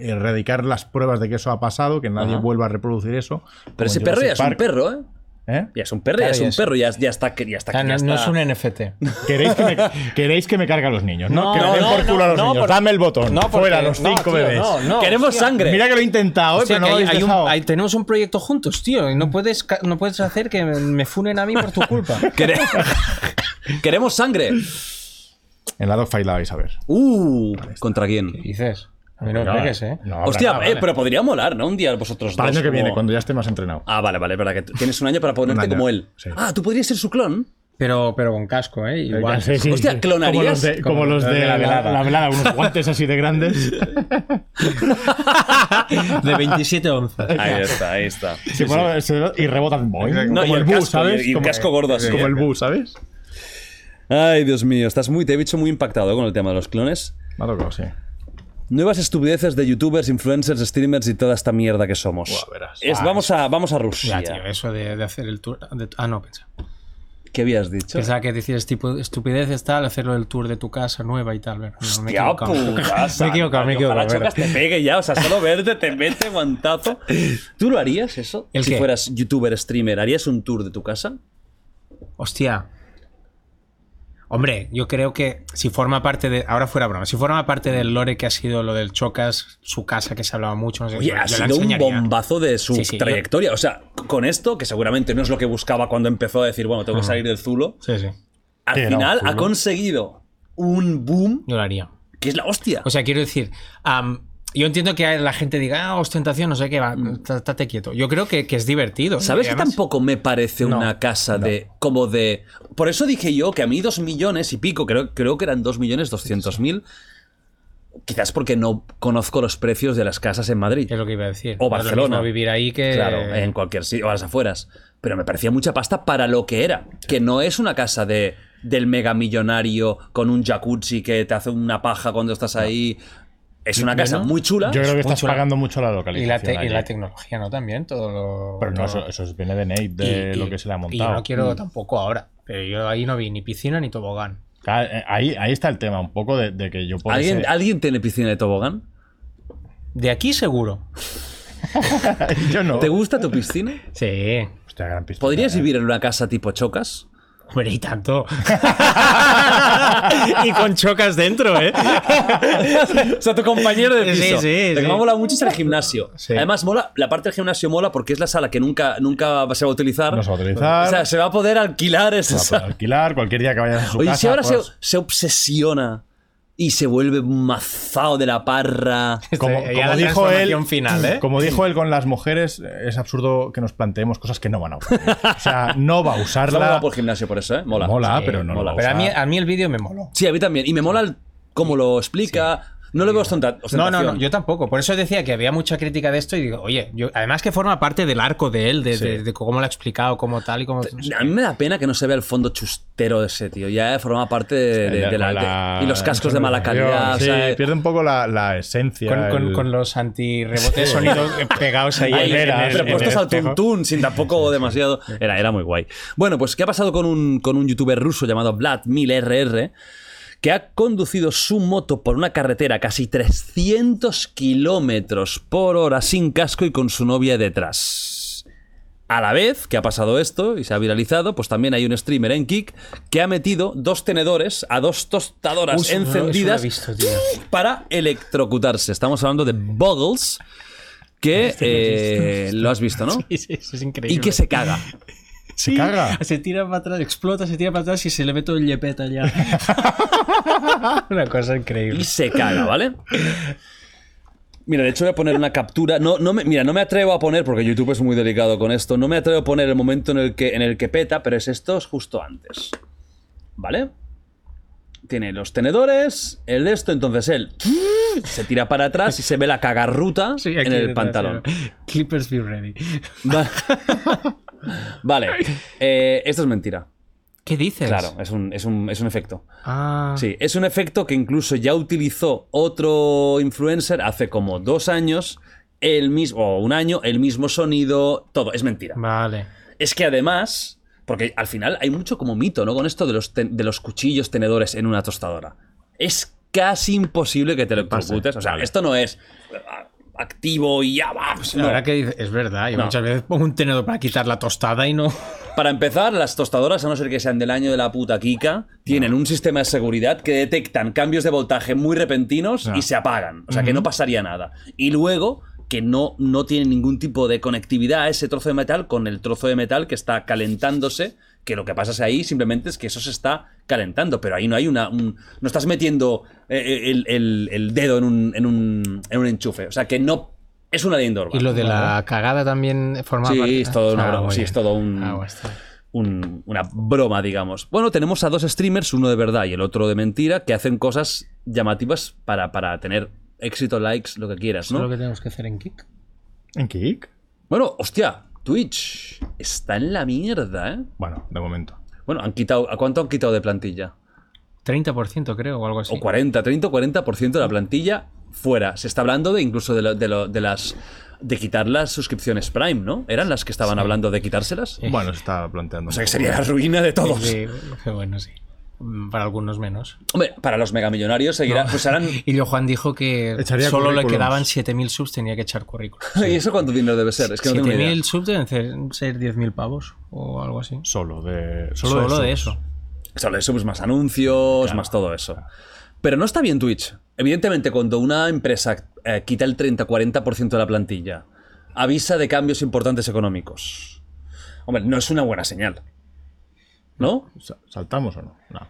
[SPEAKER 2] erradicar las pruebas de que eso ha pasado, que nadie
[SPEAKER 1] Ajá.
[SPEAKER 2] vuelva a reproducir eso.
[SPEAKER 1] Pero
[SPEAKER 2] como
[SPEAKER 1] ese
[SPEAKER 2] en
[SPEAKER 1] perro ya es un
[SPEAKER 2] Jurassic Park.
[SPEAKER 1] perro, ¿eh?
[SPEAKER 2] ¿Eh?
[SPEAKER 1] Ya es un perro, ya
[SPEAKER 3] Claro,
[SPEAKER 1] es
[SPEAKER 3] ya
[SPEAKER 1] un
[SPEAKER 3] es-
[SPEAKER 1] perro, ya, ya está, ya está,
[SPEAKER 3] Ah,
[SPEAKER 1] ya
[SPEAKER 3] no,
[SPEAKER 1] está.
[SPEAKER 3] no es un NFT.
[SPEAKER 2] ¿Queréis que, me, queréis que me cargue a los niños? No, que me den
[SPEAKER 3] no,
[SPEAKER 2] por culo a los
[SPEAKER 3] no,
[SPEAKER 2] niños.
[SPEAKER 3] por-
[SPEAKER 2] Dame el botón.
[SPEAKER 3] No, porque-
[SPEAKER 2] Fuera, los
[SPEAKER 3] no,
[SPEAKER 2] cinco
[SPEAKER 3] tío,
[SPEAKER 2] bebés.
[SPEAKER 3] no, no.
[SPEAKER 1] Queremos
[SPEAKER 3] hostia.
[SPEAKER 1] sangre.
[SPEAKER 2] Mira que lo he intentado, eh,
[SPEAKER 3] Hostia,
[SPEAKER 2] pero no
[SPEAKER 3] que
[SPEAKER 2] lo
[SPEAKER 3] hay-
[SPEAKER 2] habéis
[SPEAKER 3] hay un-
[SPEAKER 2] dejado.
[SPEAKER 3] hay- tenemos un proyecto juntos, tío, y no puedes, ca- no puedes hacer que me funen a mí por tu culpa.
[SPEAKER 1] Quere- Queremos sangre.
[SPEAKER 2] En la dogfight la vais a ver.
[SPEAKER 1] Uh, ¿contra quién?
[SPEAKER 3] Dices, a mí no me
[SPEAKER 2] No,
[SPEAKER 3] pegues, ¿eh?
[SPEAKER 2] no habrá
[SPEAKER 1] Hostia,
[SPEAKER 2] nada.
[SPEAKER 1] eh, pero podría molar, ¿no? Un día vosotros
[SPEAKER 2] Para el
[SPEAKER 1] dos.
[SPEAKER 2] año que
[SPEAKER 1] como-
[SPEAKER 2] viene, cuando ya esté más entrenado.
[SPEAKER 1] Ah, vale, vale, verdad que tú tienes un año para ponerte
[SPEAKER 2] año,
[SPEAKER 1] como él.
[SPEAKER 2] sí.
[SPEAKER 1] Ah, tú podrías ser su clon.
[SPEAKER 3] Pero, pero con casco, ¿eh? Igual.
[SPEAKER 2] Sí, sí,
[SPEAKER 1] Hostia,
[SPEAKER 2] sí.
[SPEAKER 1] ¿clonarías?
[SPEAKER 2] Como los de, como
[SPEAKER 3] Como
[SPEAKER 2] los
[SPEAKER 3] los
[SPEAKER 2] de la, velada. la velada, unos guantes así de grandes.
[SPEAKER 3] De 27 onzas.
[SPEAKER 1] Ahí está, ahí está.
[SPEAKER 2] Se ponen- se- y rebotan. boing,
[SPEAKER 1] No, y
[SPEAKER 2] como el
[SPEAKER 1] el
[SPEAKER 2] bus,
[SPEAKER 1] casco,
[SPEAKER 2] ¿sabes?
[SPEAKER 1] y el
[SPEAKER 2] Como-
[SPEAKER 1] casco gordo así.
[SPEAKER 2] Como el bus, ¿sabes?
[SPEAKER 1] Ay, Dios mío, estás muy, te he visto muy impactado con el tema de los clones.
[SPEAKER 2] Me ha tocado, sí.
[SPEAKER 1] Nuevas estupideces de youtubers, influencers, streamers y toda esta mierda que somos.
[SPEAKER 2] Buah, verás.
[SPEAKER 1] Es- vamos, a, vamos a Rusia.
[SPEAKER 3] Ya, tío, eh. eso de, de hacer el tour. de- ah, no, pensaba.
[SPEAKER 1] ¿Qué habías dicho?
[SPEAKER 3] Pensaba que decías tipo estupideces tal, hacerlo del tour de tu casa nueva y tal. Bueno, no, me he
[SPEAKER 1] Hostia,
[SPEAKER 3] equivocado.
[SPEAKER 1] puta
[SPEAKER 3] Me he equivocado, me
[SPEAKER 1] santa,
[SPEAKER 3] he equivocado.
[SPEAKER 1] Ojalá Chocas
[SPEAKER 3] verdad.
[SPEAKER 1] te pegue ya, o sea, solo verte te mete guantazo. ¿Tú lo harías eso?
[SPEAKER 3] ¿El
[SPEAKER 1] si
[SPEAKER 3] qué?
[SPEAKER 1] fueras youtuber, streamer, ¿harías un tour de tu casa?
[SPEAKER 3] Hostia. Hombre, yo creo que si forma parte de. Ahora fuera broma, si forma parte del lore que ha sido lo del Chocas, su casa que se hablaba mucho, no sé
[SPEAKER 1] Oye,
[SPEAKER 3] yo-
[SPEAKER 1] ha
[SPEAKER 3] yo la
[SPEAKER 1] sido un
[SPEAKER 3] enseñaría.
[SPEAKER 1] bombazo de su
[SPEAKER 3] Sí, sí, yo-
[SPEAKER 1] trayectoria. O sea, con esto, que seguramente no es lo que buscaba cuando empezó a decir, bueno, tengo que salir del Zulo,
[SPEAKER 3] Sí, sí.
[SPEAKER 1] al
[SPEAKER 2] Sí, era un
[SPEAKER 1] final ha
[SPEAKER 2] zulo.
[SPEAKER 1] conseguido un boom
[SPEAKER 3] Yo lo haría.
[SPEAKER 1] que es la hostia.
[SPEAKER 3] O sea, quiero decir, am, yo entiendo que la gente diga, ah, ostentación, no sé qué, va, está- estate quieto. Yo creo que, que es divertido.
[SPEAKER 1] Mm.
[SPEAKER 3] ¿eh?
[SPEAKER 1] ¿Sabes
[SPEAKER 3] Y
[SPEAKER 1] que
[SPEAKER 3] además-
[SPEAKER 1] tampoco me parece
[SPEAKER 3] No,
[SPEAKER 1] una casa de. como de. Por eso dije yo que a mí dos millones y pico, creo, creo que eran dos millones doscientos mil. Quizás porque no conozco los precios de las casas en Madrid.
[SPEAKER 3] Es lo que iba a decir.
[SPEAKER 1] O
[SPEAKER 3] No es lo
[SPEAKER 1] Barcelona.
[SPEAKER 3] mismo vivir ahí que.
[SPEAKER 1] Claro, en cualquier sitio, a las afueras. Pero me parecía mucha pasta para lo que era. Que no es una casa de, del megamillonario con un jacuzzi que te hace una paja cuando estás ahí. Es una casa
[SPEAKER 3] Bueno,
[SPEAKER 1] muy chula.
[SPEAKER 2] Yo creo que
[SPEAKER 3] muy
[SPEAKER 2] estás
[SPEAKER 3] chula.
[SPEAKER 2] pagando mucho la
[SPEAKER 3] Y la,
[SPEAKER 2] localización.
[SPEAKER 3] te- y
[SPEAKER 2] allí.
[SPEAKER 3] la tecnología, ¿no? También, todo lo.
[SPEAKER 2] Pero no,
[SPEAKER 3] todo-
[SPEAKER 2] eso, eso es- viene de Nate, de
[SPEAKER 3] y-
[SPEAKER 2] lo
[SPEAKER 3] y-
[SPEAKER 2] que se le ha
[SPEAKER 3] Y yo
[SPEAKER 2] montado. Mm.
[SPEAKER 3] no quiero tampoco ahora. Pero yo ahí no vi ni piscina ni tobogán.
[SPEAKER 2] Claro, eh, Ahí, ahí está el tema, un poco de, de que yo puedo.
[SPEAKER 1] ¿Alguien, ¿Alguien tiene piscina de tobogán?
[SPEAKER 3] De aquí seguro.
[SPEAKER 2] Yo no.
[SPEAKER 1] ¿Te gusta tu piscina?
[SPEAKER 3] Sí.
[SPEAKER 2] Hostia, gran piscina,
[SPEAKER 1] ¿Podrías
[SPEAKER 2] eh.
[SPEAKER 1] vivir en una casa tipo chocas?
[SPEAKER 3] Hombre, y tanto. y con chocas dentro, ¿eh?
[SPEAKER 1] O sea, tu compañero de
[SPEAKER 3] Sí,
[SPEAKER 1] piso.
[SPEAKER 3] sí,
[SPEAKER 1] Lo que
[SPEAKER 3] sí.
[SPEAKER 1] me mola mucho es el gimnasio.
[SPEAKER 3] Sí.
[SPEAKER 1] Además, mola, la parte del gimnasio mola porque es la sala que nunca, nunca se va a utilizar.
[SPEAKER 2] No se va a utilizar.
[SPEAKER 1] O sea, se va a poder alquilar esa
[SPEAKER 2] Para
[SPEAKER 1] sala.
[SPEAKER 2] alquilar, cualquier pues día que vayas a su
[SPEAKER 1] Oye,
[SPEAKER 2] casa. pues.
[SPEAKER 1] si ahora se,
[SPEAKER 2] puedas-
[SPEAKER 1] se obsesiona y se vuelve un mazao de la parra.
[SPEAKER 2] Como,
[SPEAKER 3] Este, Ya
[SPEAKER 2] como
[SPEAKER 3] la
[SPEAKER 2] dijo él,
[SPEAKER 3] transformación final, ¿eh?
[SPEAKER 2] como dijo él con las mujeres, es absurdo que nos planteemos cosas que no van a usar. O sea, no va a
[SPEAKER 1] No
[SPEAKER 2] usarla.
[SPEAKER 1] mola por gimnasio por eso, ¿eh? Mola.
[SPEAKER 2] Mola,
[SPEAKER 1] Sí.
[SPEAKER 2] ah, pero no lo
[SPEAKER 1] mola.
[SPEAKER 2] va
[SPEAKER 3] Pero a
[SPEAKER 2] usar.
[SPEAKER 3] mí, a mí el vídeo me moló.
[SPEAKER 1] Sí, a mí también. Y me mola el- cómo lo explica. No le veo ostenta-
[SPEAKER 3] No,
[SPEAKER 1] ostentación.
[SPEAKER 3] no, no, yo tampoco. Por eso decía que había mucha crítica de esto y digo, oye, yo, además que forma parte del arco de él, de, de- de cómo lo ha explicado, cómo tal y cómo...
[SPEAKER 2] Pues
[SPEAKER 1] A mí me da pena que no se vea el fondo chustero de ese tío. Ya forma parte eh, de, de- de la,
[SPEAKER 2] Con la-
[SPEAKER 1] de- Y los cascos de mala calidad.
[SPEAKER 2] Sí,
[SPEAKER 1] o sea, eh,
[SPEAKER 2] pierde un poco la, la esencia.
[SPEAKER 3] Con, con-
[SPEAKER 2] el-
[SPEAKER 3] con los antirrebotes de sonido pegados ahí.
[SPEAKER 1] Ahí,
[SPEAKER 3] en el- en el-
[SPEAKER 1] pero
[SPEAKER 3] en el
[SPEAKER 1] puestos al
[SPEAKER 3] espejo.
[SPEAKER 1] tuntún, sin tampoco demasiado. Era, era muy guay. Bueno, pues ¿qué ha pasado con un, con un youtuber ruso llamado Vlad RR que ha conducido su moto por una carretera a casi 300 kilómetros por hora sin casco y con su novia detrás? A la vez que ha pasado esto y se ha viralizado, pues también hay un streamer en Kik que ha metido dos tenedores a dos tostadoras
[SPEAKER 3] Uy, eso no- eso no lo he
[SPEAKER 1] encendidas
[SPEAKER 3] visto, tío.
[SPEAKER 1] para electrocutarse. Estamos hablando de Boggles, que eh, lo has visto, ¿no?
[SPEAKER 3] Sí, sí, sí, es increíble.
[SPEAKER 1] Y que se caga.
[SPEAKER 2] Se caga.
[SPEAKER 3] Se tira para atrás, explota, se tira para atrás y se le ve todo el yepeta ya. Una cosa
[SPEAKER 1] Y
[SPEAKER 3] increíble.
[SPEAKER 1] se caga, ¿vale? Mira, de hecho voy a poner una captura. No, no me, mira, no me atrevo a poner, porque YouTube es muy delicado con esto, no me atrevo a poner el momento en el que, en el que peta, pero es esto es justo antes. ¿Vale? Tiene los tenedores, el de esto, entonces él se tira para atrás y se ve la cagarruta
[SPEAKER 3] Sí, aquí
[SPEAKER 1] en el
[SPEAKER 3] detrás,
[SPEAKER 1] pantalón.
[SPEAKER 3] sí. Clippers be ready.
[SPEAKER 1] Va- Vale, eh, esto es mentira.
[SPEAKER 3] ¿Qué dices?
[SPEAKER 1] Claro, es un, es un- es un efecto.
[SPEAKER 3] Ah,
[SPEAKER 1] Sí, es un efecto que incluso ya utilizó otro influencer hace como dos años, el mismo, o un año, el mismo sonido, todo, es mentira.
[SPEAKER 3] Vale.
[SPEAKER 1] Es que además, porque al final hay mucho como mito, ¿no? Con esto de los, ten- de los cuchillos tenedores en una tostadora. Es casi imposible que te lo O sea, esto no es eh, activo y ya va. pues,
[SPEAKER 3] La
[SPEAKER 1] no.
[SPEAKER 3] verdad que dice- es verdad. Yo
[SPEAKER 1] No.
[SPEAKER 3] muchas veces pongo un tenedor para quitar la tostada y no.
[SPEAKER 1] Para empezar, las tostadoras, a no ser que sean del año de la puta Kika, tienen un sistema de seguridad que detectan cambios de voltaje muy repentinos y se apagan. O sea, que no pasaría nada. Y luego, que no, no tiene ningún tipo de conectividad ese trozo de metal con el trozo de metal que está calentándose, que lo que pasa es ahí simplemente es que eso se está calentando, pero ahí no hay una... un- no estás metiendo eh, el, el- el dedo en un, en, un, en un enchufe. O sea, que no... Es una ley indoor.
[SPEAKER 3] Y lo de la cagada también forma
[SPEAKER 1] Sí,
[SPEAKER 3] parte.
[SPEAKER 1] es todo una
[SPEAKER 3] Ah,
[SPEAKER 1] broma,
[SPEAKER 3] muy
[SPEAKER 1] sí,
[SPEAKER 3] bien.
[SPEAKER 1] es todo un-
[SPEAKER 3] Ah, bueno, está bien.
[SPEAKER 1] un- una broma, digamos. Bueno, tenemos a dos streamers, uno de verdad y el otro de mentira, que hacen cosas llamativas para, para tener éxito, likes, lo que quieras,
[SPEAKER 3] Eso es lo
[SPEAKER 1] ¿no?
[SPEAKER 3] que tenemos que hacer en Kick.
[SPEAKER 2] ¿En Kik?
[SPEAKER 1] Bueno, hostia, Twitch está en la mierda, ¿eh?
[SPEAKER 2] Bueno, de momento.
[SPEAKER 1] Bueno, han quitado, ¿a cuánto han quitado de plantilla?
[SPEAKER 3] 30% creo o algo así.
[SPEAKER 1] O 40, 30 o 40% de la plantilla fuera. Se está hablando de incluso de, lo- de lo- de las... De quitar las suscripciones Prime, ¿no? ¿Eran las que estaban hablando de quitárselas?
[SPEAKER 2] Bueno, se está planteando.
[SPEAKER 1] O sea que sería la ruina de todos.
[SPEAKER 3] Sí, qué bueno, sí. Mm, Para algunos menos.
[SPEAKER 1] Hombre, para los megamillonarios seguirá, pues harán...
[SPEAKER 3] Y yo Juan dijo que
[SPEAKER 2] Echaría
[SPEAKER 3] solo le
[SPEAKER 2] currículums.
[SPEAKER 3] quedaban 7.000 subs, tenía que echar currículum.
[SPEAKER 1] ¿Y eso cuánto dinero debe ser? Es que no tengo ni idea.
[SPEAKER 3] 7.000 subs deben ser, ser 10.000 pavos o algo así.
[SPEAKER 2] Solo de. Solo,
[SPEAKER 3] Solo, de,
[SPEAKER 2] subs.
[SPEAKER 3] eso.
[SPEAKER 1] Solo le subes más anuncios, más todo eso. Pero no está bien Twitch. Evidentemente, cuando una empresa eh, quita el 30-40% de la plantilla, avisa de cambios importantes económicos. Hombre, no es una buena señal. ¿No?
[SPEAKER 2] Sa- ¿Saltamos o no? No.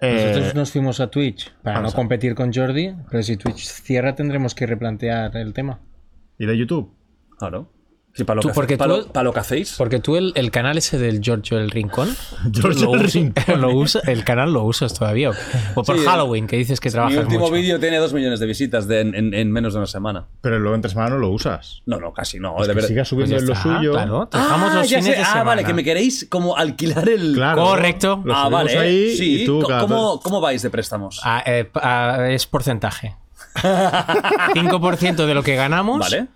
[SPEAKER 3] Nosotros
[SPEAKER 2] Eh,
[SPEAKER 3] nos fuimos a Twitch para no
[SPEAKER 2] vamos a-
[SPEAKER 3] competir con Jordi, pero si Twitch cierra tendremos que replantear el tema.
[SPEAKER 2] ¿Y de YouTube?
[SPEAKER 1] Claro. Sí, para lo,
[SPEAKER 3] Tú,
[SPEAKER 1] que,
[SPEAKER 3] porque
[SPEAKER 1] para
[SPEAKER 3] tú-
[SPEAKER 1] lo- para lo que hacéis.
[SPEAKER 3] Porque tú el, el canal ese del Giorgio el Rincón,
[SPEAKER 2] Giorgio
[SPEAKER 3] lo
[SPEAKER 2] el
[SPEAKER 3] us- lo usa- el canal lo usas todavía. ¿o qué? O por
[SPEAKER 1] Sí, el-
[SPEAKER 3] Halloween, que dices que
[SPEAKER 1] Mi
[SPEAKER 3] trabajas
[SPEAKER 1] último
[SPEAKER 3] mucho.
[SPEAKER 1] vídeo tiene dos millones de visitas de- en, en- en menos de una semana.
[SPEAKER 2] Pero luego entre semana no lo usas.
[SPEAKER 1] No, no, casi no. de
[SPEAKER 2] Es que
[SPEAKER 1] verdad.
[SPEAKER 2] siga
[SPEAKER 3] Pues
[SPEAKER 2] subiendo
[SPEAKER 3] ya
[SPEAKER 2] en lo
[SPEAKER 3] está,
[SPEAKER 2] suyo.
[SPEAKER 3] Claro, trabajamos
[SPEAKER 1] Ah,
[SPEAKER 3] los
[SPEAKER 1] ya
[SPEAKER 3] fines
[SPEAKER 1] sé.
[SPEAKER 3] de
[SPEAKER 1] Ah,
[SPEAKER 3] semana.
[SPEAKER 1] vale, que me queréis como alquilar el.
[SPEAKER 2] Claro.
[SPEAKER 3] Correcto.
[SPEAKER 2] Lo
[SPEAKER 1] ah,
[SPEAKER 2] subimos
[SPEAKER 1] vale.
[SPEAKER 2] ahí
[SPEAKER 1] sí.
[SPEAKER 2] y tú
[SPEAKER 1] ¿Cómo-
[SPEAKER 2] cada-
[SPEAKER 1] ¿Cómo, cómo vais de préstamos?
[SPEAKER 3] Ah, eh, p- ah, es porcentaje. 5% de lo que ganamos.
[SPEAKER 1] Vale.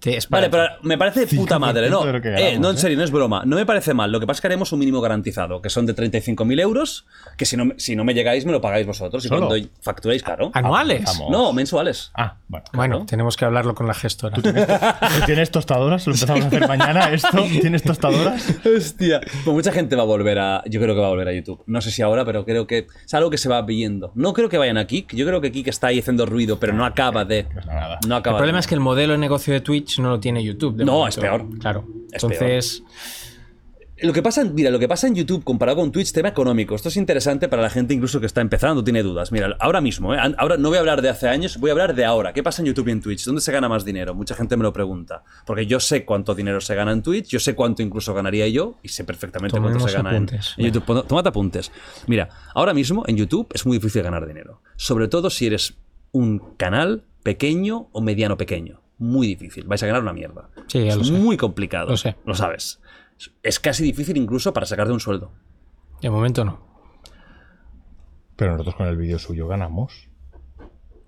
[SPEAKER 3] te- es
[SPEAKER 1] Vale,
[SPEAKER 3] para
[SPEAKER 1] pero
[SPEAKER 2] pues,
[SPEAKER 1] me parece puta madre, ¿no?
[SPEAKER 2] de lo que
[SPEAKER 1] eh,
[SPEAKER 2] ganamos,
[SPEAKER 1] no, en
[SPEAKER 2] ¿eh?
[SPEAKER 1] serio, no es broma. No me parece mal. Lo que pasa es que haremos un mínimo garantizado, que son de 35.000 euros, que si no, me- si no me llegáis me lo pagáis vosotros. Y
[SPEAKER 2] ¿Solo?
[SPEAKER 1] cuando facturéis, claro.
[SPEAKER 3] ti. anuales.
[SPEAKER 2] Ah, Vamos.
[SPEAKER 1] No, mensuales.
[SPEAKER 2] Ah, bueno.
[SPEAKER 3] Bueno, tenemos que hablarlo con la gestora.
[SPEAKER 2] ¿Tienes tostadoras? Lo empezamos a hacer mañana esto. ¿Tienes tostadoras?
[SPEAKER 1] Hostia. Pues mucha gente va a volver a. Yo creo que va a volver a YouTube. No sé si ahora, pero creo que es algo que se va viendo. No creo que vayan a Kik. Yo creo que Kik está ahí haciendo ruido, pero no acaba de.
[SPEAKER 2] Pues nada.
[SPEAKER 1] No
[SPEAKER 3] El
[SPEAKER 1] acaba
[SPEAKER 3] problema
[SPEAKER 1] de-
[SPEAKER 3] es que el modelo de negocio de Twitch no lo tiene YouTube. de
[SPEAKER 1] No, es peor.
[SPEAKER 3] Claro.
[SPEAKER 1] Es
[SPEAKER 3] Entonces,
[SPEAKER 1] Lo que pasa, en- mira, lo que pasa en YouTube comparado con Twitch, tema económico. Esto es interesante para la gente incluso que está empezando, tiene dudas. Mira, ahora mismo, ¿eh? An- ahora no voy a hablar de hace años, voy a hablar de ahora. ¿Qué pasa en YouTube y en Twitch? ¿Dónde se gana más dinero? Mucha gente me lo pregunta. Porque yo sé cuánto dinero se gana en Twitch, yo sé cuánto incluso ganaría yo y sé perfectamente cuánto
[SPEAKER 3] Tomemos
[SPEAKER 1] se gana en-
[SPEAKER 3] apuntes.
[SPEAKER 1] en, YouTube. Pon- Tomate apuntes. Mira, ahora mismo en YouTube es muy difícil ganar dinero. Sobre todo si eres un canal pequeño o mediano pequeño. Muy difícil. Vais a ganar una mierda.
[SPEAKER 3] Sí, ya
[SPEAKER 1] es
[SPEAKER 3] lo sé.
[SPEAKER 1] muy complicado.
[SPEAKER 3] Lo sé.
[SPEAKER 1] Lo sabes. Es casi difícil incluso para sacarte un sueldo.
[SPEAKER 3] De momento no.
[SPEAKER 2] Pero nosotros con el vídeo suyo ganamos.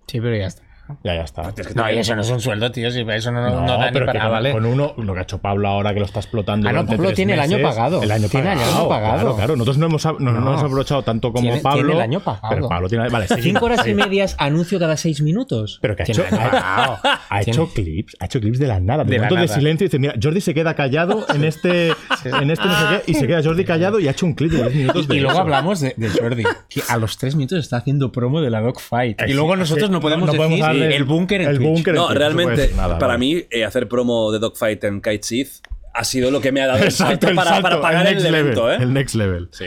[SPEAKER 3] Sí, pero ya está.
[SPEAKER 2] Ya, ya está.
[SPEAKER 1] Tienes que
[SPEAKER 3] No, y
[SPEAKER 1] tener-
[SPEAKER 3] eso no es un sueldo, tío. Si para eso no, no, da ni
[SPEAKER 2] pero que
[SPEAKER 3] para
[SPEAKER 2] con,
[SPEAKER 3] vale.
[SPEAKER 2] con uno, lo que ha hecho Pablo ahora que lo está explotando.
[SPEAKER 3] Ah, no,
[SPEAKER 2] durante
[SPEAKER 3] Pablo
[SPEAKER 2] tres
[SPEAKER 3] tiene el año
[SPEAKER 2] meses,
[SPEAKER 3] pagado.
[SPEAKER 2] El año
[SPEAKER 3] Tiene
[SPEAKER 2] pagado.
[SPEAKER 3] el año pagado.
[SPEAKER 2] Claro, claro. Nosotros no hemos, ab- no, no
[SPEAKER 3] No.
[SPEAKER 2] hemos abrochado tanto como
[SPEAKER 3] Tiene-
[SPEAKER 2] Pablo.
[SPEAKER 3] tiene el año pagado.
[SPEAKER 2] Pero Pablo tiene. Vale, sí.
[SPEAKER 3] Cinco horas y medias, anuncio cada seis minutos.
[SPEAKER 2] Pero que ha
[SPEAKER 3] Tiene
[SPEAKER 2] hecho,
[SPEAKER 3] el año pagado.
[SPEAKER 2] ha, ha
[SPEAKER 3] Tiene-
[SPEAKER 2] hecho clips, ha hecho clips de la nada, de,
[SPEAKER 3] De la
[SPEAKER 2] momentos de
[SPEAKER 3] nada.
[SPEAKER 2] silencio y dice, mira, Jordi se queda callado en este, en este no sé qué, y se queda Jordi callado y ha hecho un clip de 10 minutos.
[SPEAKER 3] Y,
[SPEAKER 2] de
[SPEAKER 3] y luego
[SPEAKER 2] eso.
[SPEAKER 3] hablamos de, de Jordi, que a los tres minutos está haciendo promo de la dogfight.
[SPEAKER 2] Eh,
[SPEAKER 3] Y luego
[SPEAKER 2] sí,
[SPEAKER 3] nosotros
[SPEAKER 2] sí.
[SPEAKER 3] no podemos decir
[SPEAKER 2] darle
[SPEAKER 3] el búnker en
[SPEAKER 2] el
[SPEAKER 3] Twitch.
[SPEAKER 2] búnker en
[SPEAKER 1] No,
[SPEAKER 2] Twitch, se puede
[SPEAKER 1] realmente,
[SPEAKER 2] decir nada,
[SPEAKER 1] para
[SPEAKER 2] vale.
[SPEAKER 1] mí, eh, hacer promo de Dogfight en Kitesith ha sido lo que me ha dado el
[SPEAKER 2] Exacto,
[SPEAKER 1] salto
[SPEAKER 2] el
[SPEAKER 1] para,
[SPEAKER 2] salto,
[SPEAKER 1] para pagar el,
[SPEAKER 2] next level,
[SPEAKER 1] evento, ¿eh?
[SPEAKER 2] El next level.
[SPEAKER 1] Sí.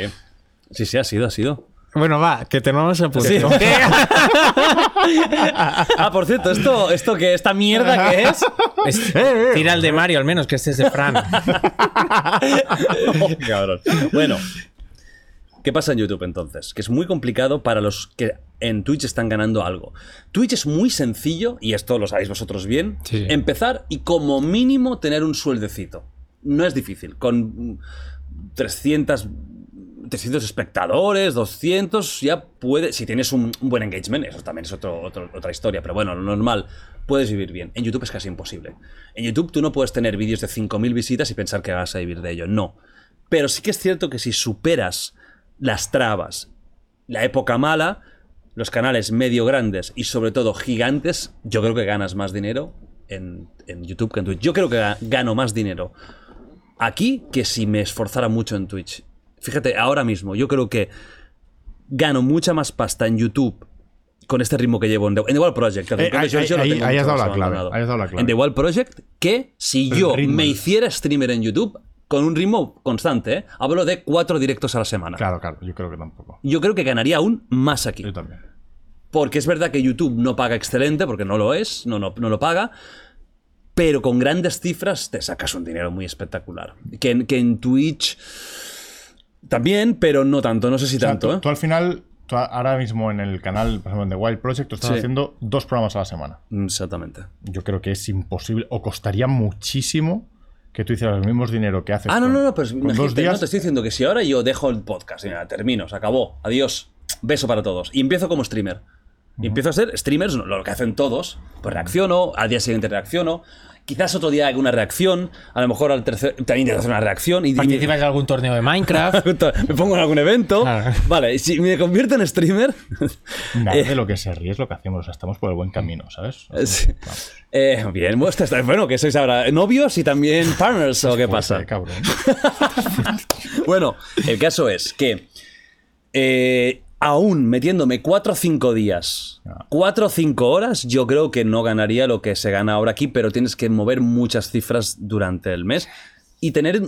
[SPEAKER 1] Sí, sí, ha sido, ha sido.
[SPEAKER 3] Bueno, va, que tenemos el punto.
[SPEAKER 1] Ah, por cierto, esto, esto que esta mierda que es.
[SPEAKER 3] Es- Tira el de Mario, al menos, que este es de Fran.
[SPEAKER 1] Oh, cabrón. Bueno, ¿qué pasa en YouTube entonces? Que es muy complicado para los que en Twitch están ganando algo. Twitch es muy sencillo, y esto lo sabéis vosotros bien,
[SPEAKER 3] Sí.
[SPEAKER 1] empezar y como mínimo tener un sueldecito. No es difícil. Con 300... 300 espectadores, 200, ya puedes, si tienes un, un buen engagement, eso también es otro- otro- otra historia, pero bueno, lo normal, puedes vivir bien. En YouTube es casi imposible. En YouTube tú no puedes tener vídeos de 5.000 visitas y pensar que vas a vivir de ello, no. Pero sí que es cierto que si superas las trabas, la época mala, los canales medio grandes y sobre todo gigantes, yo creo que ganas más dinero en, en YouTube que en Twitch. Yo creo que ga- gano más dinero aquí que si me esforzara mucho en Twitch. Fíjate, ahora mismo yo creo que gano mucha más pasta en YouTube con este ritmo que llevo en The, en The Wall Project.
[SPEAKER 2] Eh, ahí-
[SPEAKER 1] yo- yo lo
[SPEAKER 2] ahí-
[SPEAKER 1] tengo
[SPEAKER 2] ahí has
[SPEAKER 1] mucho
[SPEAKER 2] dado
[SPEAKER 1] más
[SPEAKER 2] la clave,
[SPEAKER 1] abandonado.
[SPEAKER 2] ahí has dado la clave.
[SPEAKER 1] En The Wall Project que si
[SPEAKER 2] El
[SPEAKER 1] yo
[SPEAKER 2] ritmo.
[SPEAKER 1] me hiciera streamer en YouTube con un ritmo constante, ¿eh? hablo de cuatro directos a la semana.
[SPEAKER 2] Claro, claro, yo creo que tampoco.
[SPEAKER 1] Yo creo que ganaría aún más aquí.
[SPEAKER 2] Yo también.
[SPEAKER 1] Porque es verdad que YouTube no paga excelente, porque no lo es, no, no, no lo paga. Pero con grandes cifras te sacas un dinero muy espectacular. Que en, que en Twitch también, pero no tanto, no sé si
[SPEAKER 2] O sea,
[SPEAKER 1] tanto.
[SPEAKER 2] tú,
[SPEAKER 1] ¿eh?
[SPEAKER 2] tú al final, tú a- ahora mismo en el canal, por ejemplo, en The Wild Project, tú estás
[SPEAKER 1] Sí.
[SPEAKER 2] haciendo dos programas a la semana.
[SPEAKER 1] ¿eh? Exactamente.
[SPEAKER 2] Yo creo que es imposible, o costaría muchísimo que tú hicieras los mismos dinero que haces.
[SPEAKER 1] Ah, no,
[SPEAKER 2] con-
[SPEAKER 1] no, no, pero
[SPEAKER 2] con
[SPEAKER 1] imagínate,
[SPEAKER 2] dos días.
[SPEAKER 1] no te estoy diciendo que si ahora yo dejo el podcast, mira, termino, se acabó, adiós, beso para todos. Y empiezo como streamer. Y empiezo a ser streamers, no, lo que hacen todos. Pues reacciono, al día siguiente reacciono. Quizás otro día haga una reacción, a lo mejor al tercer. También intento hacer una reacción y. y-
[SPEAKER 3] Participas en algún torneo de Minecraft.
[SPEAKER 1] me pongo en algún evento.
[SPEAKER 3] Claro.
[SPEAKER 1] Vale, y si me convierto en streamer.
[SPEAKER 2] Nada
[SPEAKER 1] Eh,
[SPEAKER 2] de lo que se ríe es lo que hacemos, o sea, estamos por el buen camino, ¿sabes?
[SPEAKER 1] sí. Eh, bien, bueno, está- está- bueno, que sois ahora novios y también partners o qué
[SPEAKER 2] Joder,
[SPEAKER 1] pasa.
[SPEAKER 2] cabrón.
[SPEAKER 1] Bueno, el caso es que eh, aún metiéndome 4 o 5 días,
[SPEAKER 3] Ah.
[SPEAKER 1] 4 o 5 horas, yo creo que no ganaría lo que se gana ahora aquí, pero tienes que mover muchas cifras durante el mes y tener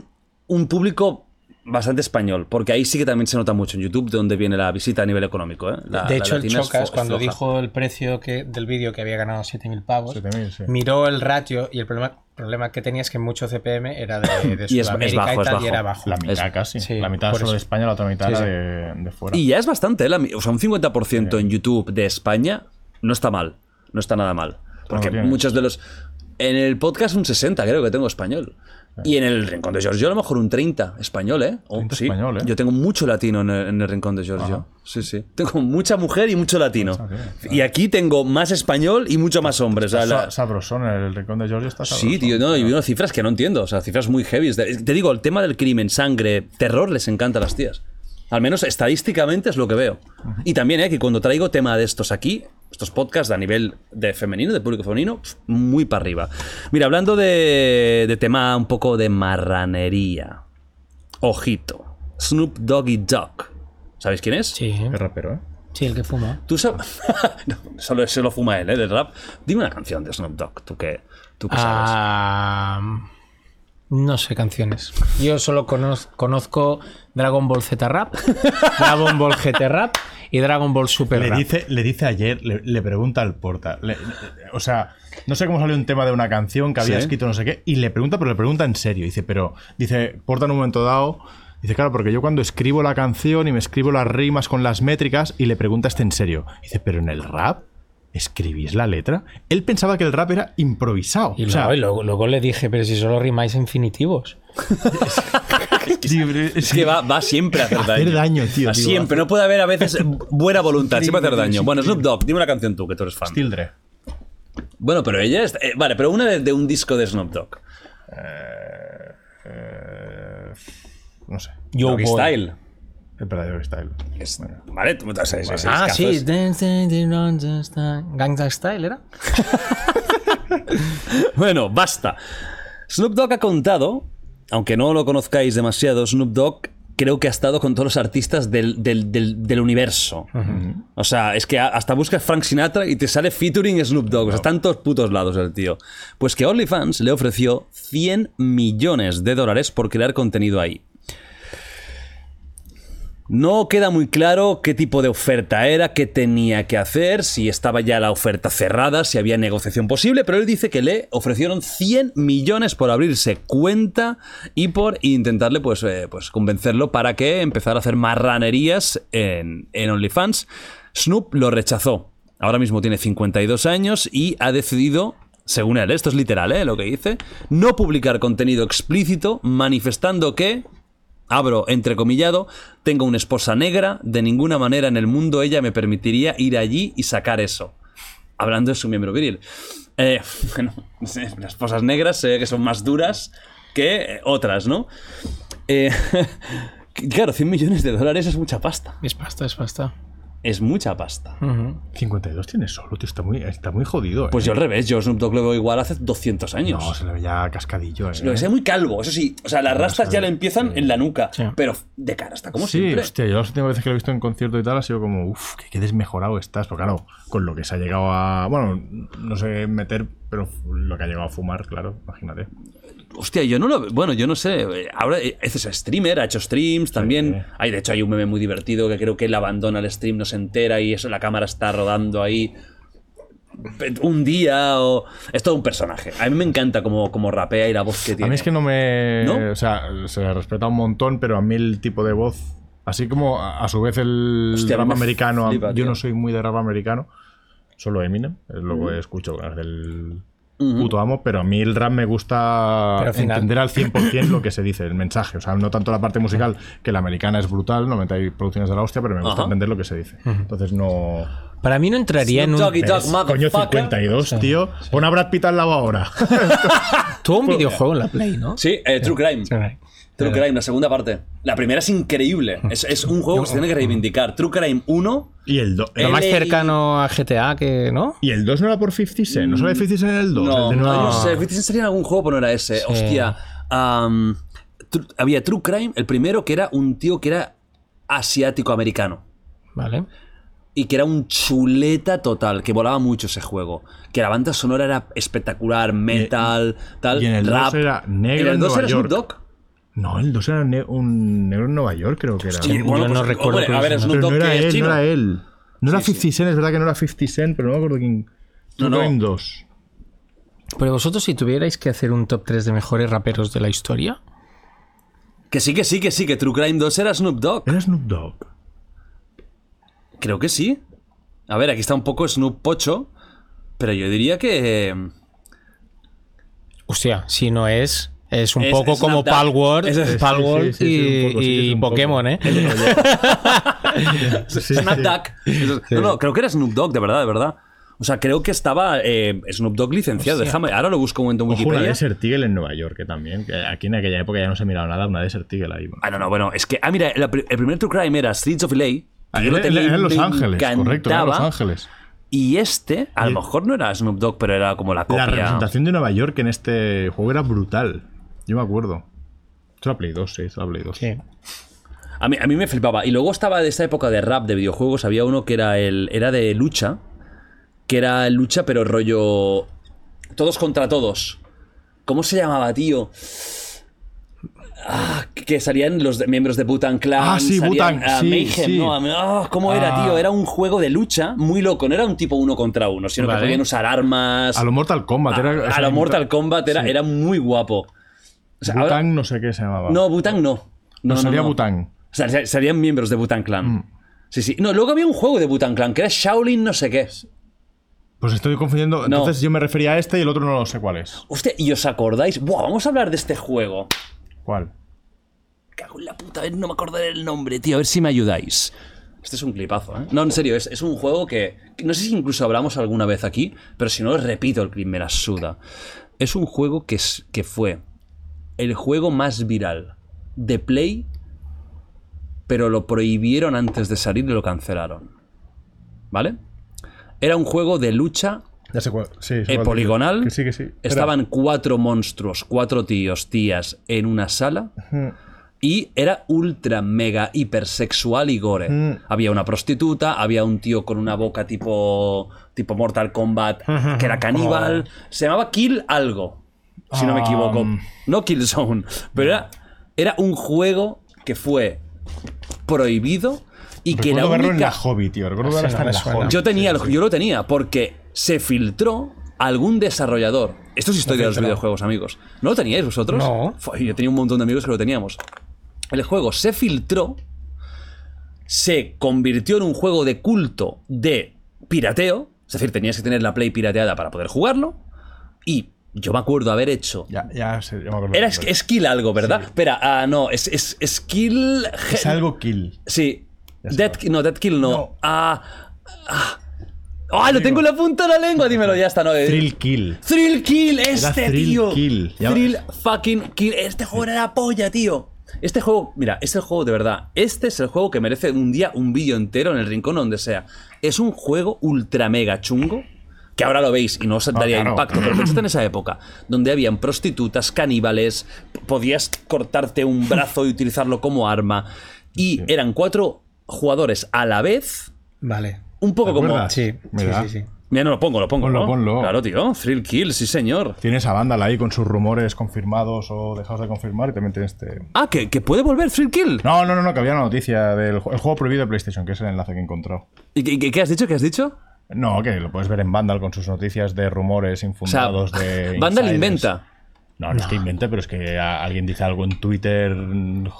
[SPEAKER 1] un público bastante español, porque ahí sí que también se nota mucho en YouTube de dónde viene la visita a nivel económico. ¿eh? La-
[SPEAKER 3] de
[SPEAKER 1] la
[SPEAKER 3] hecho, el
[SPEAKER 1] latina es
[SPEAKER 3] Chocas,
[SPEAKER 1] fo-
[SPEAKER 3] cuando
[SPEAKER 1] floja.
[SPEAKER 3] dijo el precio que, del vídeo que había ganado 7.000 pavos,
[SPEAKER 2] 7.000, sí.
[SPEAKER 3] miró el ratio y el problema, problema que tenía es que mucho CPM era de,
[SPEAKER 1] Y
[SPEAKER 3] de
[SPEAKER 1] es- es
[SPEAKER 3] Sudamérica
[SPEAKER 1] bajo,
[SPEAKER 3] y
[SPEAKER 1] es
[SPEAKER 3] tal,
[SPEAKER 1] bajo.
[SPEAKER 3] y era bajo.
[SPEAKER 2] La mitad
[SPEAKER 1] Es-
[SPEAKER 2] casi.
[SPEAKER 3] sí,
[SPEAKER 2] la mitad
[SPEAKER 3] por
[SPEAKER 2] solo de
[SPEAKER 3] eso.
[SPEAKER 2] España, la otra mitad
[SPEAKER 3] Sí,
[SPEAKER 2] era
[SPEAKER 3] sí.
[SPEAKER 2] De, de fuera.
[SPEAKER 1] Y ya es bastante, ¿eh? La mi- o sea, un 50% en YouTube de España no está mal, no está nada mal. Porque
[SPEAKER 2] bien.
[SPEAKER 1] muchos de los... En el podcast un 60 creo que tengo español. Y en el Rincón de Giorgio a lo mejor un 30 español, ¿eh? O-
[SPEAKER 2] 30
[SPEAKER 1] sí.
[SPEAKER 2] español, ¿eh?
[SPEAKER 1] Yo tengo mucho latino en el, en el Rincón de Giorgio. Sí, sí. Tengo mucha mujer y mucho latino. Y aquí tengo más español y mucho más hombres. O sea, la-
[SPEAKER 2] Sa- Sabrosón, el rincón de Georgia está sabrosón.
[SPEAKER 1] Sí, tío, no, y unas cifras que no entiendo, o sea, cifras muy heavy. Te digo, el tema del crimen, sangre, terror les encanta a las tías. Al menos estadísticamente es lo que veo. Y también, eh, que cuando traigo tema de estos aquí, estos podcasts a nivel de femenino, de público femenino, pf, muy para arriba. Mira, hablando de, de tema un poco de marranería. Ojito. Snoop Doggy Dog. ¿Sabéis quién es?
[SPEAKER 3] Sí,
[SPEAKER 2] Qué rapero, ¿eh?
[SPEAKER 3] sí, el que fuma.
[SPEAKER 1] Tú sabes. No, solo se lo fuma él, ¿eh? Del rap. Dime una canción de Snoop Dogg, tú que, tú que sabes.
[SPEAKER 3] Ah, No sé canciones. Yo solo conoz- conozco Dragon Ball Z Rap, Dragon Ball GT Rap y Dragon Ball Super
[SPEAKER 2] Le
[SPEAKER 3] Rap.
[SPEAKER 2] dice, le dice ayer, le, le pregunta al porta. le- o sea, no sé cómo salió un tema de una canción que había
[SPEAKER 1] Sí.
[SPEAKER 2] escrito no sé qué. Y le pregunta, pero le pregunta en serio. Dice, pero. Dice, porta en un momento dado. Dice, claro, porque yo cuando escribo la canción y me escribo las rimas con las métricas y le pregunta este en serio. Dice, pero en el rap. ¿Escribís la letra? Él pensaba que el rap era improvisado.
[SPEAKER 3] Y
[SPEAKER 2] o sea,
[SPEAKER 3] luego, y luego- luego le dije, pero si solo rimáis infinitivos.
[SPEAKER 2] sí,
[SPEAKER 1] Es que va, va siempre a hacer daño.
[SPEAKER 2] Hacer daño, tío,
[SPEAKER 1] Va
[SPEAKER 2] tío.
[SPEAKER 1] siempre, no puede haber a veces buena voluntad, siempre hacer daño. Bueno, Snoop Dogg, dime una canción tú, que tú eres fan.
[SPEAKER 2] Still Dre.
[SPEAKER 1] Bueno, pero ella es. eh, vale, pero una de, de un disco de Snoop Dogg.
[SPEAKER 2] No sé.
[SPEAKER 3] Yo
[SPEAKER 1] Doggy Style.
[SPEAKER 2] El verdadero style. Bueno.
[SPEAKER 1] Vale, tú me estás ahí, sí, sí,
[SPEAKER 3] Ah,
[SPEAKER 1] es que
[SPEAKER 3] sí.
[SPEAKER 1] haces-
[SPEAKER 3] Gangsta Style era.
[SPEAKER 1] Bueno, basta. Snoop Dogg ha contado, aunque no lo conozcáis demasiado, Snoop Dogg creo que ha estado con todos los artistas del, del- del- del universo. O sea, es que a- hasta buscas Frank Sinatra y te sale featuring Snoop Dogg. O sea, están todos putos lados el tío. Pues que OnlyFans le ofreció 100 millones de dólares por crear contenido ahí. No queda muy claro qué tipo de oferta era, qué tenía que hacer, si estaba ya la oferta cerrada, si había negociación posible, pero él dice que le ofrecieron 100 millones por abrirse cuenta y por intentarle pues, eh, pues convencerlo para que empezara a hacer marranerías en, en OnlyFans. Snoop lo rechazó. Ahora mismo tiene 52 años y ha decidido según él, esto es literal, ¿eh? lo que dice, no publicar contenido explícito manifestando que, abro entrecomillado, tengo una esposa negra, de ninguna manera en el mundo ella me permitiría ir allí y sacar eso. Hablando de su miembro viril. Eh, bueno, sí, las esposas negras se ve que son más duras que eh, otras, ¿no? Eh, claro, 100 millones de dólares es mucha pasta.
[SPEAKER 3] Es pasta, es pasta.
[SPEAKER 1] Es mucha pasta.
[SPEAKER 3] Ujú.
[SPEAKER 2] 52 tiene solo, tío. Está muy, está muy jodido. ¿eh?
[SPEAKER 1] Pues yo al revés, yo a Snoop Dogg lo veo igual hace 200 años.
[SPEAKER 2] No, se le veía cascadillo. ¿eh?
[SPEAKER 1] Pues Lo que sea muy calvo, eso sí. O sea, las rastas ya le empiezan en la nuca.
[SPEAKER 3] Sí.
[SPEAKER 1] Pero de cara está como
[SPEAKER 2] sí,
[SPEAKER 1] siempre.
[SPEAKER 2] hostia, yo las últimas veces que lo he visto en concierto y tal ha sido como, uff, que, qué desmejorado estás. Porque claro, con lo que se ha llegado a. Bueno, no sé meter, pero lo que ha llegado a fumar, claro, imagínate.
[SPEAKER 1] Hostia, yo no lo. Bueno, yo no sé. eh, Ahora eh, es ese streamer, ha hecho streams también. Hay, de hecho, hay un meme muy divertido que creo que él abandona el stream, no se entera y eso, la cámara está rodando ahí. Pe- Un día o. Es todo un personaje. A mí me encanta como, como rapea y la voz que tiene.
[SPEAKER 2] A mí es que no me.
[SPEAKER 1] ¿No?
[SPEAKER 2] O sea, se le respeta un montón, pero a mí el tipo de voz. Así como a, a su vez el
[SPEAKER 1] Hostia, a mí
[SPEAKER 2] rap
[SPEAKER 1] me
[SPEAKER 2] americano.
[SPEAKER 1] flipa,
[SPEAKER 2] yo
[SPEAKER 1] tío.
[SPEAKER 2] no soy muy de rap americano. Solo Eminem, eh, es lo que escucho, es del puto amo, pero a mí el rap me gusta
[SPEAKER 3] Pero al final-
[SPEAKER 2] entender al 100% lo que se dice, el mensaje. O sea, no tanto la parte musical, que la americana es brutal, no metáis producciones de la hostia, pero me gusta
[SPEAKER 1] Ajá.
[SPEAKER 2] entender lo que se dice. Entonces no.
[SPEAKER 3] Para mí no entraría en
[SPEAKER 1] Snoop Doggy
[SPEAKER 3] un.
[SPEAKER 1] Dogg,
[SPEAKER 2] Coño,
[SPEAKER 1] motherfucker.
[SPEAKER 2] 52, tío. Pon a Brad Pitt al lado ahora.
[SPEAKER 3] Tuvo un videojuego en la Play, ¿no?
[SPEAKER 1] Sí, eh, True Crime.
[SPEAKER 3] Right.
[SPEAKER 1] True Crime, la segunda parte. La primera es increíble. Es, es un juego que se tiene que reivindicar. True Crime 1.
[SPEAKER 2] y el, do-
[SPEAKER 3] Lo más
[SPEAKER 1] LA.
[SPEAKER 3] cercano a GTA que, ¿no?
[SPEAKER 2] ¿Y el 2 no era por 50 Cent? ¿No sale 50 Cent en el 2?
[SPEAKER 1] No,
[SPEAKER 2] el
[SPEAKER 1] no,
[SPEAKER 2] de Nueva-
[SPEAKER 1] Ah, yo no sé. Fifty Cent sería en algún juego, pero no era ese. Hostia. am, tru- había True Crime, el primero, que era un tío que era asiático-americano.
[SPEAKER 3] Vale.
[SPEAKER 1] Y que era un chuleta total, que volaba mucho ese juego. Que la banda sonora era espectacular, metal, tal.
[SPEAKER 2] y en el
[SPEAKER 1] rap.
[SPEAKER 2] dos era negro
[SPEAKER 1] el
[SPEAKER 2] en
[SPEAKER 1] dos
[SPEAKER 2] Nueva
[SPEAKER 1] era Snoop
[SPEAKER 2] York.
[SPEAKER 1] Dogg.
[SPEAKER 2] No, el 2 era ne- un negro en Nueva York, creo que era.
[SPEAKER 1] Y, bueno,
[SPEAKER 3] yo no
[SPEAKER 1] pues,
[SPEAKER 3] recuerdo
[SPEAKER 1] hombre,
[SPEAKER 3] cuál
[SPEAKER 1] a
[SPEAKER 3] es
[SPEAKER 1] ver,
[SPEAKER 3] el
[SPEAKER 1] Snoop
[SPEAKER 2] Pero
[SPEAKER 1] Dogg
[SPEAKER 2] no
[SPEAKER 1] que
[SPEAKER 2] era
[SPEAKER 1] es
[SPEAKER 2] él,
[SPEAKER 1] chino.
[SPEAKER 2] no era él. No era 50 Cent, es verdad que no era 50 Cent, pero no me acuerdo quién.
[SPEAKER 1] No, no.
[SPEAKER 2] En 2.
[SPEAKER 3] Pero vosotros, si tuvierais que hacer un top 3 de mejores raperos de la historia,
[SPEAKER 1] Que sí, que sí, que sí, que True Crime 2 era Snoop Dogg.
[SPEAKER 2] Era Snoop Dogg.
[SPEAKER 1] Creo que sí. A ver, aquí está un poco Snoop Pocho. Pero yo diría que. eh,
[SPEAKER 3] hostia, si no es. Es un
[SPEAKER 1] Es-
[SPEAKER 3] poco
[SPEAKER 1] es
[SPEAKER 3] como
[SPEAKER 1] Snapchat.
[SPEAKER 3] Palworld
[SPEAKER 1] Es- sí,
[SPEAKER 2] sí, sí, sí, un poco, sí, sí,
[SPEAKER 3] y
[SPEAKER 2] un poco.
[SPEAKER 3] Pokémon, ¿eh?
[SPEAKER 2] Sí,
[SPEAKER 1] Snoop
[SPEAKER 2] sí.
[SPEAKER 1] Dogg. Eso- No, no, creo que era Snoop Dogg, de verdad, de verdad. O sea, creo que estaba eh, Snoop Dogg licenciado. Déjame, ahora lo busco un momento en
[SPEAKER 2] Ojo, una
[SPEAKER 1] Wikipedia.
[SPEAKER 2] Desert Eagle en Nueva York, que también. que aquí en aquella época ya no se miraba nada, una Desert Eagle ahí. bueno.
[SPEAKER 1] Ah, no, no, bueno, es que. Ah, mira, la pri- el primer True Crime era Streets of LA. que
[SPEAKER 2] Ah,
[SPEAKER 1] yo
[SPEAKER 2] Era,
[SPEAKER 1] lo tenía y
[SPEAKER 2] era en Los
[SPEAKER 1] me
[SPEAKER 2] Ángeles, correcto, era en Los
[SPEAKER 1] encantaba.
[SPEAKER 2] Ángeles.
[SPEAKER 1] Y este, a
[SPEAKER 2] Y-
[SPEAKER 1] lo mejor no era Snoop Dogg, pero era como la
[SPEAKER 2] La
[SPEAKER 1] copia.
[SPEAKER 2] representación de Nueva York en este juego era brutal. Yo me acuerdo. Esto era Play 2, sí, esto era Play 2.
[SPEAKER 3] Sí.
[SPEAKER 1] A mí, a mí me flipaba. Y luego estaba de esta época de rap, de videojuegos, había uno que era el era de lucha, que era lucha pero rollo todos contra todos. ¿Cómo se llamaba, tío? Ah, que salían los de- miembros de Butan Clan.
[SPEAKER 2] Ah, sí,
[SPEAKER 1] salían,
[SPEAKER 2] Wu-Tang,
[SPEAKER 1] ah,
[SPEAKER 2] sí,
[SPEAKER 1] Mayhem,
[SPEAKER 2] sí.
[SPEAKER 1] ¿no? Ah, ¿Cómo era,
[SPEAKER 2] Ah.
[SPEAKER 1] tío? Era un juego de lucha muy loco. No era un tipo uno contra uno, sino que
[SPEAKER 6] Vale.
[SPEAKER 1] podían usar armas.
[SPEAKER 2] A lo Mortal Kombat.
[SPEAKER 1] a,
[SPEAKER 2] era,
[SPEAKER 1] a lo Mortal Kombat era, era muy guapo. O sea,
[SPEAKER 2] Wu-Tang
[SPEAKER 1] ahora-
[SPEAKER 2] no sé qué se llamaba. Pues
[SPEAKER 1] no, Butan no. No,
[SPEAKER 2] No, salía
[SPEAKER 1] no.
[SPEAKER 2] Wu-Tang.
[SPEAKER 1] O sea, sal- salían miembros de Butan Clan. Sí, sí. No, luego había un juego de Butan Clan que era Shaolin no sé qué.
[SPEAKER 2] Pues estoy confundiendo.
[SPEAKER 1] No.
[SPEAKER 2] Entonces yo me refería a este y el otro no lo sé cuál es.
[SPEAKER 1] Hostia, ¿y os acordáis? Buah, vamos a hablar de este juego.
[SPEAKER 2] ¿Cuál?
[SPEAKER 1] Cago en la puta, a ver, no me acordaré el nombre, tío, a ver si me ayudáis. Este es un clipazo, ¿eh? No, en serio, es, es un juego que, que No sé si incluso hablamos alguna vez aquí, pero si no, repito, el clip me la suda. Es un juego que, es- que fue el juego más viral de Play, pero lo prohibieron antes de salir y lo cancelaron. ¿Vale? Era un juego de lucha
[SPEAKER 2] Ya sé cuál. Sí, sé
[SPEAKER 1] eh,
[SPEAKER 2] cuál.
[SPEAKER 1] poligonal.
[SPEAKER 2] Que sí, que sí. Era-
[SPEAKER 1] Estaban cuatro monstruos, cuatro tíos, tías en una sala. Y era ultra, mega, hipersexual y gore. Había una prostituta, había un tío con una boca tipo, tipo Mortal Kombat, que era caníbal. Se llamaba Kill algo, si no me equivoco.
[SPEAKER 2] Um.
[SPEAKER 1] No Kill Zone, pero era, era un juego que fue prohibido y que la
[SPEAKER 2] Recuerdo Pues verlo en
[SPEAKER 1] única
[SPEAKER 2] la hobby, tío. Recuerdo verlo
[SPEAKER 6] Sí,
[SPEAKER 2] hasta
[SPEAKER 6] no
[SPEAKER 2] en
[SPEAKER 6] me
[SPEAKER 2] la
[SPEAKER 6] suena.
[SPEAKER 2] hobby.
[SPEAKER 1] yo tenía, el- yo lo tenía, porque se filtró algún desarrollador. Esto es historia de los videojuegos, amigos. ¿No lo teníais vosotros?
[SPEAKER 6] No.
[SPEAKER 1] Fue, Yo tenía un montón de amigos que lo teníamos. El juego se filtró, se convirtió en un juego de culto de pirateo. Es decir, tenías que tener la Play pirateada para poder jugarlo. Y yo me acuerdo haber hecho.
[SPEAKER 2] Ya, pues, ya sé, yo me acuerdo.
[SPEAKER 1] Era es- Skill algo, ¿verdad? Espera, ah, no, es, es Skill.
[SPEAKER 2] Es algo kill.
[SPEAKER 1] Sí.
[SPEAKER 2] sé
[SPEAKER 1] Dead,
[SPEAKER 2] cuál.
[SPEAKER 1] Ki- no, Dead Kill no.
[SPEAKER 2] No.
[SPEAKER 1] Ah. ah. ¡Ay, lo tengo en la punta de la lengua! Dímelo, ya está, ¿no? Eh,
[SPEAKER 2] Thrill kill.
[SPEAKER 1] Thrill Kill, este
[SPEAKER 2] Thrill
[SPEAKER 1] tío.
[SPEAKER 2] Kill. Ya-
[SPEAKER 1] Thrill fucking Kill. Este juego era la polla, tío. Este juego, mira, este juego de verdad. Este es el juego que merece un día un vídeo entero en el rincón o donde sea. Es un juego ultra mega chungo. Que ahora lo veis y no os daría
[SPEAKER 2] claro.
[SPEAKER 1] impacto, pero pensad en esa época, donde habían prostitutas, caníbales, p- podías cortarte un brazo y utilizarlo como arma. Y eran cuatro jugadores a la vez,
[SPEAKER 6] Vale.
[SPEAKER 1] un poco
[SPEAKER 2] ¿Te
[SPEAKER 1] como.
[SPEAKER 2] acuerdas?
[SPEAKER 6] Sí, sí,
[SPEAKER 2] ¿Verdad?
[SPEAKER 6] sí, sí.
[SPEAKER 1] Mira, no lo pongo, lo pongo.
[SPEAKER 2] Ponlo,
[SPEAKER 1] ¿no?
[SPEAKER 2] ponlo.
[SPEAKER 1] Claro, tío. Thrill Kill, sí, señor.
[SPEAKER 2] Tienes a Vandal ahí con sus rumores confirmados o dejados de confirmar y también tienes este.
[SPEAKER 1] Ah, que, que puede volver Thrill Kill.
[SPEAKER 2] No, no, no, no, que había una noticia del ju- el juego prohibido de PlayStation, que es el enlace que he encontrado.
[SPEAKER 1] ¿Y qué- qué, qué has dicho? ¿Qué has dicho?
[SPEAKER 2] No, que lo puedes ver en Vandal con sus noticias de rumores
[SPEAKER 1] O sea,
[SPEAKER 2] infundados de.
[SPEAKER 1] Vandal
[SPEAKER 2] insiders.
[SPEAKER 1] inventa.
[SPEAKER 2] No, no, es que invente, pero es que a- alguien dice algo en Twitter,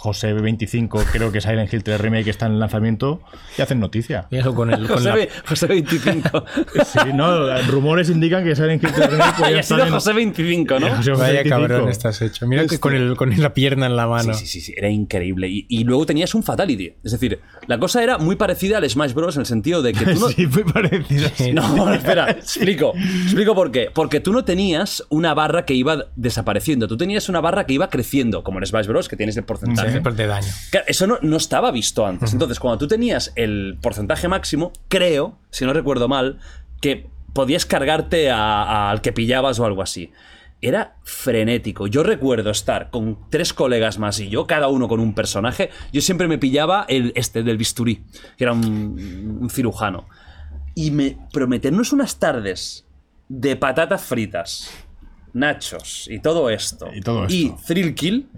[SPEAKER 2] José25, creo que Silent Hill 3 Remake está en lanzamiento, y hacen noticia.
[SPEAKER 6] Míralo con el. Con
[SPEAKER 1] José,
[SPEAKER 6] la-
[SPEAKER 1] ve- José 25.
[SPEAKER 2] Sí, no, rumores indican que Silent Hill 3 Remake podría
[SPEAKER 1] Haya
[SPEAKER 2] estar
[SPEAKER 1] sido
[SPEAKER 2] en-
[SPEAKER 1] José 25, ¿no?
[SPEAKER 2] en José
[SPEAKER 6] Vaya
[SPEAKER 2] 25.
[SPEAKER 6] cabrón estás hecho. Mira
[SPEAKER 2] Este-
[SPEAKER 6] que con, el, con la pierna en la mano.
[SPEAKER 1] Sí, sí, sí, sí, era increíble. Y, y luego tenías un Fatality. Es decir, la cosa era muy parecida al Smash Bros. en el sentido de que tú no,
[SPEAKER 2] Sí, muy parecido.
[SPEAKER 1] No, espera, explico. Explico por qué. Porque tú no tenías una barra que iba desapareciendo. Tú tenías una barra que iba creciendo, como en Smash Bros., que tienes el porcentaje.
[SPEAKER 6] De daño.
[SPEAKER 1] Claro, eso no, no estaba visto antes. Entonces, cuando tú tenías el porcentaje máximo, creo, si no recuerdo mal, que podías cargarte a- a- al que pillabas o algo así. Era frenético. Yo recuerdo estar con tres colegas más y yo, cada uno con un personaje. Yo siempre me pillaba el este del bisturí, que era un, un cirujano. Y me prometernos unas tardes de patatas fritas, nachos y todo esto.
[SPEAKER 2] Y todo
[SPEAKER 1] Y
[SPEAKER 2] esto.
[SPEAKER 1] thrill kill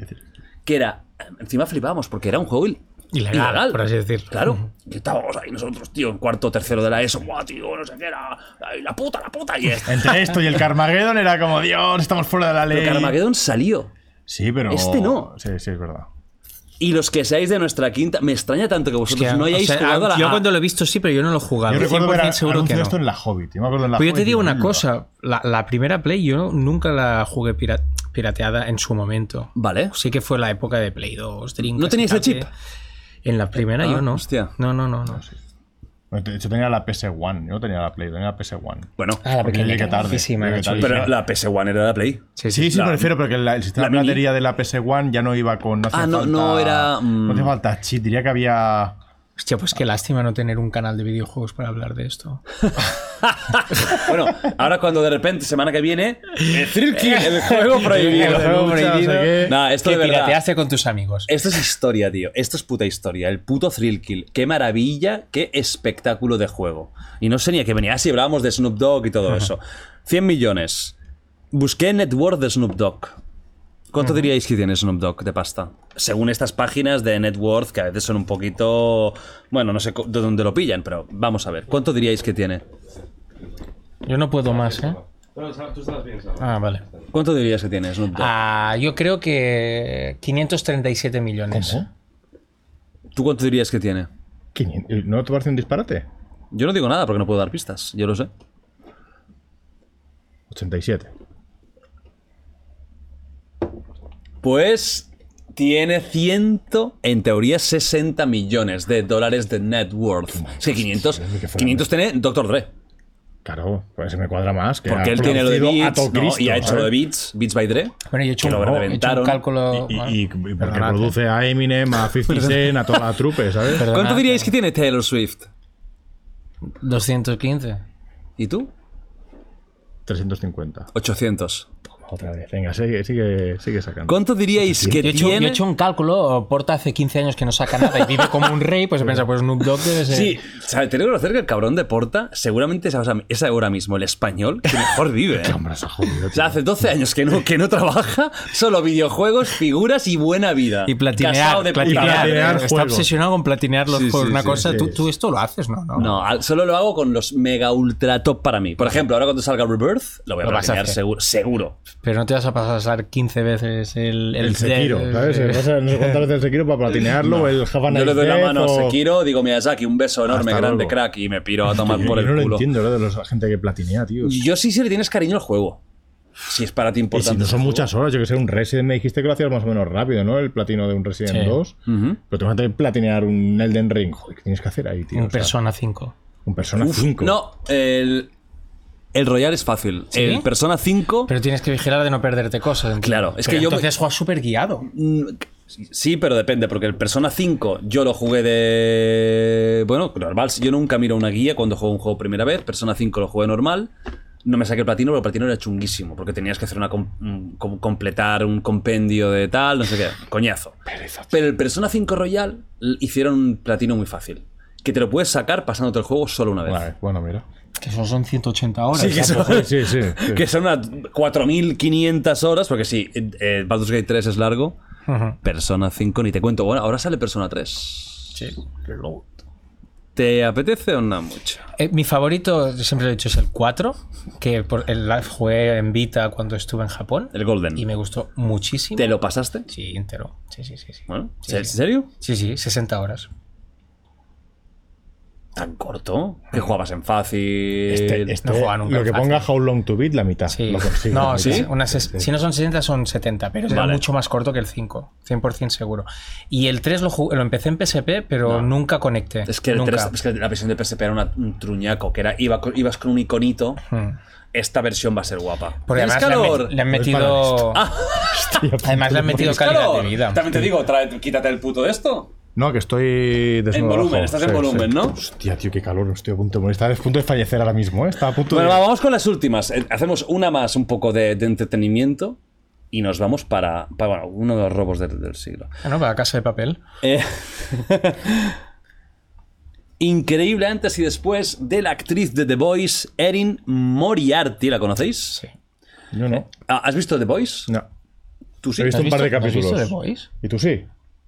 [SPEAKER 1] que era. Encima flipábamos porque era un juego il-
[SPEAKER 6] Ilegal, por así decirlo.
[SPEAKER 1] Claro. Y estábamos ahí nosotros, tío, en cuarto tercero de la ESO. Buah, tío, no sé qué era. Ay, la puta, la puta. Y este.
[SPEAKER 2] Entre esto y el Carmageddon era como, Dios, estamos fuera de la ley.
[SPEAKER 1] Pero que Armageddon salió.
[SPEAKER 2] Sí, pero.
[SPEAKER 1] Este no.
[SPEAKER 2] Sí, sí, es verdad.
[SPEAKER 1] Y los que seáis de nuestra quinta, me extraña tanto que vosotros
[SPEAKER 6] Hostia,
[SPEAKER 1] no hayáis
[SPEAKER 6] o sea,
[SPEAKER 1] jugado a la.
[SPEAKER 6] Yo
[SPEAKER 1] a-
[SPEAKER 6] cuando lo he visto sí, pero yo no lo he jugado.
[SPEAKER 2] Yo recuerdo
[SPEAKER 6] 100%
[SPEAKER 2] ver a-
[SPEAKER 6] seguro que
[SPEAKER 2] anunció
[SPEAKER 6] no.
[SPEAKER 2] esto en la Hobbit. Yo me acuerdo en la
[SPEAKER 6] Pues yo te
[SPEAKER 2] Hobbit,
[SPEAKER 6] digo una
[SPEAKER 2] "Mira".
[SPEAKER 6] cosa, la, la primera Play yo nunca la jugué pira- pirateada en su momento.
[SPEAKER 1] Vale.
[SPEAKER 6] Sí que fue la época de Play 2, Dreamcast
[SPEAKER 1] ¿No tenías
[SPEAKER 6] y tal,
[SPEAKER 1] el chip?
[SPEAKER 6] que- En la primera
[SPEAKER 1] Ah,
[SPEAKER 6] yo no.
[SPEAKER 1] hostia.
[SPEAKER 6] No, no, no,
[SPEAKER 2] Ah,
[SPEAKER 6] no.
[SPEAKER 2] De hecho, tenía la PS1. Yo no tenía la Play, tenía la PS1.
[SPEAKER 1] Bueno,
[SPEAKER 6] Ah,
[SPEAKER 2] Porque yo llegué tarde.
[SPEAKER 6] grandísima,
[SPEAKER 2] llegué
[SPEAKER 6] era
[SPEAKER 2] tarde.
[SPEAKER 1] pero la PS1 era la Play.
[SPEAKER 6] Sí, sí.
[SPEAKER 2] Sí, sí,
[SPEAKER 1] La-
[SPEAKER 2] me refiero, pero que la- el
[SPEAKER 1] la
[SPEAKER 2] sistema de
[SPEAKER 1] mini.
[SPEAKER 2] batería de la PS1 ya no iba con. No hacía
[SPEAKER 1] Ah, no,
[SPEAKER 2] falta-
[SPEAKER 1] no era, mm.
[SPEAKER 2] No hacía falta chip, diría que había.
[SPEAKER 6] Hostia, pues qué lástima no tener un canal de videojuegos para hablar de esto.
[SPEAKER 1] Bueno, ahora cuando de repente, semana que viene, eh, Thrill Kill, el juego
[SPEAKER 2] El
[SPEAKER 1] prohibido.
[SPEAKER 2] juego prohibido.
[SPEAKER 1] Nah, esto
[SPEAKER 6] que
[SPEAKER 1] de verdad. Eh,
[SPEAKER 6] pirateaste con tus amigos.
[SPEAKER 1] Esto es historia, tío. Esto es puta historia. El puto Thrill Kill. Qué maravilla, qué espectáculo de juego. Y no sé ni a qué venía. Ah, sí, hablábamos de Snoop Dogg y todo eso. 100 millones. Busqué network de Snoop Dogg. ¿Cuánto diríais que tiene Snoop Dogg de pasta? Según estas páginas de net worth, que a veces son un poquito. Bueno, no sé co- de dónde lo pillan, pero vamos a ver. ¿Cuánto diríais que tiene?
[SPEAKER 3] Yo no puedo más, ¿eh?
[SPEAKER 5] Bueno, Sa- tú estabas bien, Saba.
[SPEAKER 3] Ah, vale.
[SPEAKER 1] ¿Cuánto dirías que tiene Snoop Dogg?
[SPEAKER 3] Ah, yo creo que 537 millones.
[SPEAKER 1] ¿Tú cuánto dirías que tiene?
[SPEAKER 2] 500. ¿No te parece un disparate?
[SPEAKER 1] Yo no digo nada porque no puedo dar pistas, yo lo sé.
[SPEAKER 2] 87.
[SPEAKER 1] Pues tiene 100, en teoría 60 millones de dólares de net worth. Es que 500,
[SPEAKER 2] Hostia, qué fuerte.
[SPEAKER 1] 500 tiene Dr. Dre,
[SPEAKER 2] Claro, pues se me cuadra más. Que
[SPEAKER 1] porque
[SPEAKER 2] ha
[SPEAKER 1] él tiene lo de
[SPEAKER 2] producido a
[SPEAKER 1] Beats
[SPEAKER 2] todo
[SPEAKER 1] ¿no?
[SPEAKER 2] Cristo,
[SPEAKER 1] y ha hecho
[SPEAKER 2] ¿sabes?
[SPEAKER 1] lo de Beats, Beats by Dre.
[SPEAKER 3] Bueno, yo he hecho,
[SPEAKER 1] Que lo
[SPEAKER 3] un, he hecho un
[SPEAKER 1] reventaron.
[SPEAKER 3] cálculo.
[SPEAKER 2] Y, y- y porque
[SPEAKER 3] Perdonad,
[SPEAKER 2] produce a Eminem, a 50 Cent, a toda la trupe, ¿sabes?
[SPEAKER 3] Perdonad,
[SPEAKER 1] ¿Cuánto diríais que tiene Taylor Swift?
[SPEAKER 3] 215.
[SPEAKER 1] ¿Y tú?
[SPEAKER 2] 350.
[SPEAKER 1] 800.
[SPEAKER 2] Otra vez. Venga, sigue, sigue, sigue sacando.
[SPEAKER 1] ¿Cuánto diríais que
[SPEAKER 3] Yo he, hecho, yo he
[SPEAKER 1] tiene?
[SPEAKER 3] hecho un cálculo. Porta hace 15 años que no saca nada y vive como un rey. Pues he pensado, pues Snoop Dogg debe ser.
[SPEAKER 1] Sí, o sea, tengo que reconocer que el cabrón de Porta seguramente es ahora- es ahora mismo el español que mejor vive. ¿eh?
[SPEAKER 2] Hombre, se ha jodido,
[SPEAKER 1] O sea,
[SPEAKER 2] tío.
[SPEAKER 1] hace 12 años que no, que no trabaja, solo videojuegos, figuras y buena vida.
[SPEAKER 3] Y
[SPEAKER 1] Casado
[SPEAKER 3] platinear.
[SPEAKER 1] de
[SPEAKER 3] platinear,
[SPEAKER 1] puta madre.
[SPEAKER 2] platinear
[SPEAKER 3] Está
[SPEAKER 2] juegos.
[SPEAKER 3] obsesionado con platinear los
[SPEAKER 1] Sí,
[SPEAKER 3] juegos.
[SPEAKER 1] sí,
[SPEAKER 3] Una
[SPEAKER 1] sí,
[SPEAKER 3] cosa,
[SPEAKER 2] sí.
[SPEAKER 3] Tú, tú esto lo haces, ¿no? No.
[SPEAKER 1] No, al- solo lo hago con los mega ultra top para mí. Por ejemplo, ahora cuando salga Rebirth, lo voy a
[SPEAKER 3] Lo vas a
[SPEAKER 1] platinear
[SPEAKER 3] hacer.
[SPEAKER 1] seguro. seguro.
[SPEAKER 3] Pero no te vas a pasar 15 veces el.
[SPEAKER 2] El Sekiro,
[SPEAKER 3] el-
[SPEAKER 2] ¿sabes?
[SPEAKER 3] el-
[SPEAKER 2] Vas a no sé cuántas veces el Sekiro para platinearlo, o el Havana
[SPEAKER 1] Yo le doy la mano a Sekiro, digo Miyazaki, un beso enorme,
[SPEAKER 2] Hasta
[SPEAKER 1] grande
[SPEAKER 2] luego.
[SPEAKER 1] crack, y me piro a tomar por
[SPEAKER 2] Yo
[SPEAKER 1] el
[SPEAKER 2] no lo
[SPEAKER 1] culo.
[SPEAKER 2] entiendo, lo de los- la gente que platinea, tío. Y
[SPEAKER 1] Yo sí, sí le tienes cariño al juego. Si es para ti importante.
[SPEAKER 2] si no son
[SPEAKER 1] ese
[SPEAKER 2] muchas horas, yo que sé, un Resident me dijiste que lo hacías más o menos rápido, ¿no? El platino de un Resident
[SPEAKER 3] Sí.
[SPEAKER 2] 2. Pero te vas a platinear un Elden Ring. Joder, ¿qué tienes que hacer ahí, tío?
[SPEAKER 3] Un
[SPEAKER 2] O sea,
[SPEAKER 3] Persona 5.
[SPEAKER 2] un Persona
[SPEAKER 1] juego. Uf,
[SPEAKER 2] 5.
[SPEAKER 1] no, el, el Royal es fácil. El Persona 5.
[SPEAKER 3] Pero tienes que vigilar de no perderte cosas.
[SPEAKER 1] Claro, es
[SPEAKER 3] Pero
[SPEAKER 1] que yo me-
[SPEAKER 3] Entonces juegas súper guiado.
[SPEAKER 1] Mm, Sí, pero depende, porque el Persona 5 yo lo jugué de. Bueno, normal. Yo nunca miro una guía cuando juego un juego primera vez. Persona 5 lo jugué normal. No me saqué el platino, pero el platino era chunguísimo, porque tenías que hacer una com- un- com- completar un compendio de tal, no sé qué. Coñazo. Pero el Persona 5 Royal l- hicieron un platino muy fácil. Que te lo puedes sacar pasándote el juego solo una vez.
[SPEAKER 2] Vale, bueno, mira.
[SPEAKER 3] Que eso son 180 horas.
[SPEAKER 1] Sí, que son,
[SPEAKER 2] Sí, sí. sí.
[SPEAKER 1] que son unas 4.500 horas, porque sí, eh, eh, Baldur's Gate 3 es largo. Persona 5, ni te cuento. Bueno, ahora sale Persona 3. ¿Te apetece o no mucho?
[SPEAKER 3] Eh, mi favorito, siempre lo he dicho, es el 4, que por el live jugué en Vita cuando estuve en Japón
[SPEAKER 1] El Golden.
[SPEAKER 3] y me gustó muchísimo.
[SPEAKER 1] ¿Te lo pasaste?
[SPEAKER 3] Sí, entero. Sí, sí, sí. Sí.
[SPEAKER 1] Bueno,
[SPEAKER 3] Sí,
[SPEAKER 1] ¿en
[SPEAKER 3] sí.
[SPEAKER 1] serio?
[SPEAKER 3] sí, sí, 60 horas.
[SPEAKER 1] ¿Tan corto? Que jugabas en fácil.
[SPEAKER 2] Este- este-
[SPEAKER 3] no juega nunca
[SPEAKER 2] lo que
[SPEAKER 3] fácil.
[SPEAKER 2] ponga How Long to Beat, la mitad.
[SPEAKER 3] Sí.
[SPEAKER 2] Lo consigo.
[SPEAKER 3] no,
[SPEAKER 2] la
[SPEAKER 3] sí,
[SPEAKER 2] mitad.
[SPEAKER 3] unas ses- si no son 60 son 70, pero será
[SPEAKER 1] Vale.
[SPEAKER 3] mucho más corto que el 5, 100% seguro. Y el 3 lo, ju- lo empecé en PSP, pero nunca conecté.
[SPEAKER 1] Es que, el
[SPEAKER 3] nunca.
[SPEAKER 1] 3 es que la versión de PSP era una- un truñaco, que era iba con- ibas con un iconito.
[SPEAKER 3] Mm.
[SPEAKER 1] Esta versión va a ser guapa.
[SPEAKER 3] Porque
[SPEAKER 1] ¿Tienes
[SPEAKER 3] además le han met-
[SPEAKER 1] calor?
[SPEAKER 3] le han
[SPEAKER 2] Pues
[SPEAKER 3] metido, además le han metido
[SPEAKER 1] ¿Tienes
[SPEAKER 3] calidad
[SPEAKER 1] calor?
[SPEAKER 3] de vida.
[SPEAKER 1] También te digo, trae- quítate el puto de esto.
[SPEAKER 2] No, que estoy desnudo.
[SPEAKER 1] En volumen,
[SPEAKER 2] abajo.
[SPEAKER 1] estás en volumen, ¿no?
[SPEAKER 2] Hostia, tío, qué calor, estoy a punto de morir. Estaba a punto de fallecer ahora mismo, ¿eh? Estaba a punto
[SPEAKER 1] Bueno,
[SPEAKER 2] de.
[SPEAKER 1] va, vamos con las últimas. Eh, Hacemos una más, un poco de, de entretenimiento. Y nos vamos para, para, bueno, uno de los robos del- del siglo.
[SPEAKER 3] Ah, No, para casa de papel.
[SPEAKER 1] Eh, Increíble antes y después de la actriz de The Voice, Erin Moriarty. ¿La conocéis?
[SPEAKER 2] Yo no.
[SPEAKER 1] Ah, ¿Has visto The Voice?
[SPEAKER 2] No.
[SPEAKER 1] Tú sí.
[SPEAKER 2] He visto un par de
[SPEAKER 3] ¿No has
[SPEAKER 2] capítulos.
[SPEAKER 3] visto The Voice?
[SPEAKER 2] ¿Y tú sí?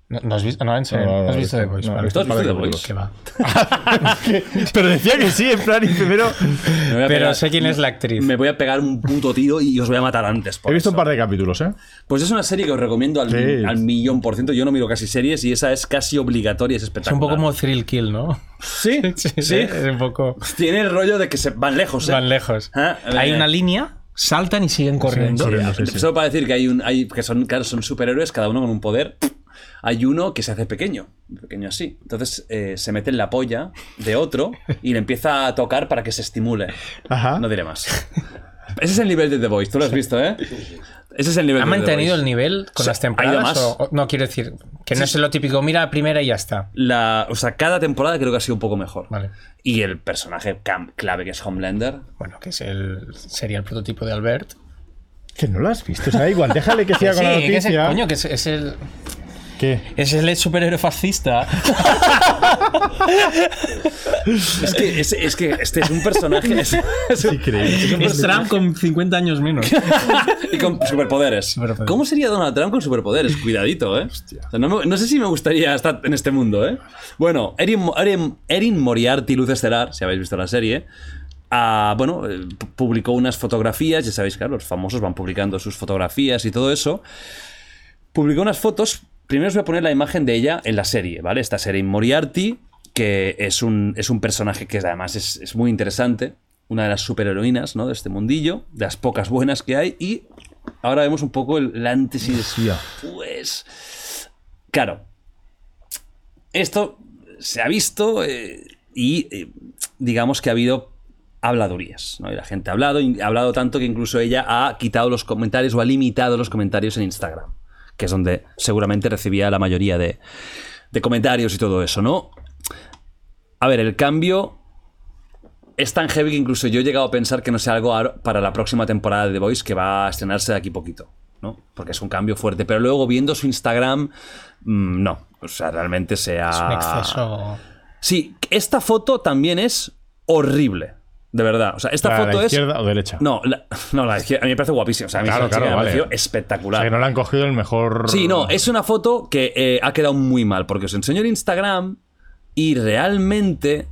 [SPEAKER 3] No, no has visto, no, en serio,
[SPEAKER 2] No, no,
[SPEAKER 3] no,
[SPEAKER 2] no,
[SPEAKER 3] has
[SPEAKER 2] no,
[SPEAKER 3] visto The
[SPEAKER 2] no,
[SPEAKER 3] Voice.
[SPEAKER 2] no,
[SPEAKER 3] vale.
[SPEAKER 2] he visto
[SPEAKER 1] ¿Tú has visto The
[SPEAKER 2] capítulos.
[SPEAKER 1] Voice?
[SPEAKER 3] Que va.
[SPEAKER 2] Pero decía que sí, en plan, y primero.
[SPEAKER 1] Me voy a
[SPEAKER 3] Pero
[SPEAKER 1] pegar-
[SPEAKER 3] sé quién es la actriz.
[SPEAKER 1] Me voy a pegar un puto tiro y os voy a matar antes. por
[SPEAKER 2] He visto un
[SPEAKER 1] eso.
[SPEAKER 2] par de capítulos, ¿eh?
[SPEAKER 1] Pues es una serie que os recomiendo al,
[SPEAKER 2] Sí.
[SPEAKER 1] al millón por ciento. Yo no miro casi series y esa es casi obligatoria, es
[SPEAKER 3] Es un
[SPEAKER 1] espectacular.
[SPEAKER 3] poco como Thrill Kill, ¿no?
[SPEAKER 1] Sí, sí.
[SPEAKER 3] Es un poco.
[SPEAKER 1] Tiene el rollo de que se van lejos. ¿eh?
[SPEAKER 3] Van lejos.
[SPEAKER 1] Ah, eh.
[SPEAKER 3] Hay una línea, saltan y siguen corriendo.
[SPEAKER 2] corriendo, sí, sí.
[SPEAKER 1] Solo para decir que hay un. Hay, que son, claro, son superhéroes, cada uno con un poder. Hay uno que se hace pequeño, pequeño así. Entonces eh, se mete en la polla de otro y le empieza a tocar para que se estimule.
[SPEAKER 2] Ajá.
[SPEAKER 1] No diré más. Ese es el nivel de The Voice, tú lo has visto, ¿eh? Ese es el nivel
[SPEAKER 3] ¿Ha
[SPEAKER 1] de The
[SPEAKER 3] mantenido
[SPEAKER 1] Voice.
[SPEAKER 3] el nivel con
[SPEAKER 1] Sí,
[SPEAKER 3] las
[SPEAKER 1] ha
[SPEAKER 3] temporadas?
[SPEAKER 1] ido más.
[SPEAKER 3] o- o- no, quiero decir, que no es lo típico, mira la primera y ya está.
[SPEAKER 1] La, o sea, cada temporada creo que ha sido un poco mejor.
[SPEAKER 3] Vale.
[SPEAKER 1] Y el personaje cam- clave que es Homelander.
[SPEAKER 3] Bueno, que es el, sería el prototipo de Albert. Pues
[SPEAKER 2] Que no lo has visto, o sea, da igual, déjale que siga con la
[SPEAKER 3] que es el,
[SPEAKER 2] noticia.
[SPEAKER 3] coño, que es, es el...
[SPEAKER 2] Que ¿Qué?
[SPEAKER 3] Es el superhéroe fascista.
[SPEAKER 1] Es que, es, es que este es un personaje. Es, es un-
[SPEAKER 2] Increíble.
[SPEAKER 1] es un
[SPEAKER 3] es
[SPEAKER 1] personaje
[SPEAKER 3] Trump con 50 años menos.
[SPEAKER 1] Ah. y con superpoderes.
[SPEAKER 3] Superpoderes.
[SPEAKER 1] ¿Cómo sería Donald Trump con superpoderes? Cuidadito, ¿eh? O sea, no, me- no sé si me gustaría estar en este mundo, ¿eh? Bueno, Erin, Mo- Erin- Erin Moriarty, Luz Estelar, si habéis visto la serie, ah, bueno, eh, pu- publicó unas fotografías, ya sabéis, claro, los famosos van publicando sus fotografías y todo eso. Publicó unas fotos, primero os voy a poner la imagen de ella en la serie, ¿vale? Esta serie Moriarty, que es un, es un personaje que es- además es, es muy interesante, una de las superheroínas, ¿no? De este mundillo, de las pocas buenas que hay, y ahora vemos un poco el, el antes y
[SPEAKER 2] Hostia.
[SPEAKER 1] después. Pues, Claro, esto se ha visto eh, y eh, digamos que ha habido habladurías, ¿no? Y la gente ha hablado, y ha hablado tanto que incluso ella ha quitado los comentarios o ha limitado los comentarios en Instagram, que es donde seguramente recibía la mayoría de, de comentarios y todo eso, ¿no? A ver, el cambio es tan heavy que incluso yo he llegado a pensar que no sea algo ar- para la próxima temporada de The Voice que va a estrenarse de aquí poquito, ¿no? Porque es un cambio fuerte. Pero luego viendo su Instagram, mm, no. O sea, realmente se ha.
[SPEAKER 3] Es un exceso.
[SPEAKER 1] Sí, esta foto también es horrible. De verdad. O sea, esta
[SPEAKER 2] ¿La, la
[SPEAKER 1] foto es.
[SPEAKER 2] izquierda o derecha?
[SPEAKER 1] No, la, no, la izquierda. A mí me parece guapísima. O sea, a mí
[SPEAKER 2] Claro,
[SPEAKER 1] esa chica
[SPEAKER 2] claro,
[SPEAKER 1] me
[SPEAKER 2] vale.
[SPEAKER 1] pareció
[SPEAKER 2] O
[SPEAKER 1] espectacular.
[SPEAKER 2] sea, que no le han cogido el mejor.
[SPEAKER 1] Sí, no, es una foto que eh, ha quedado muy mal, porque os enseño el Instagram y realmente.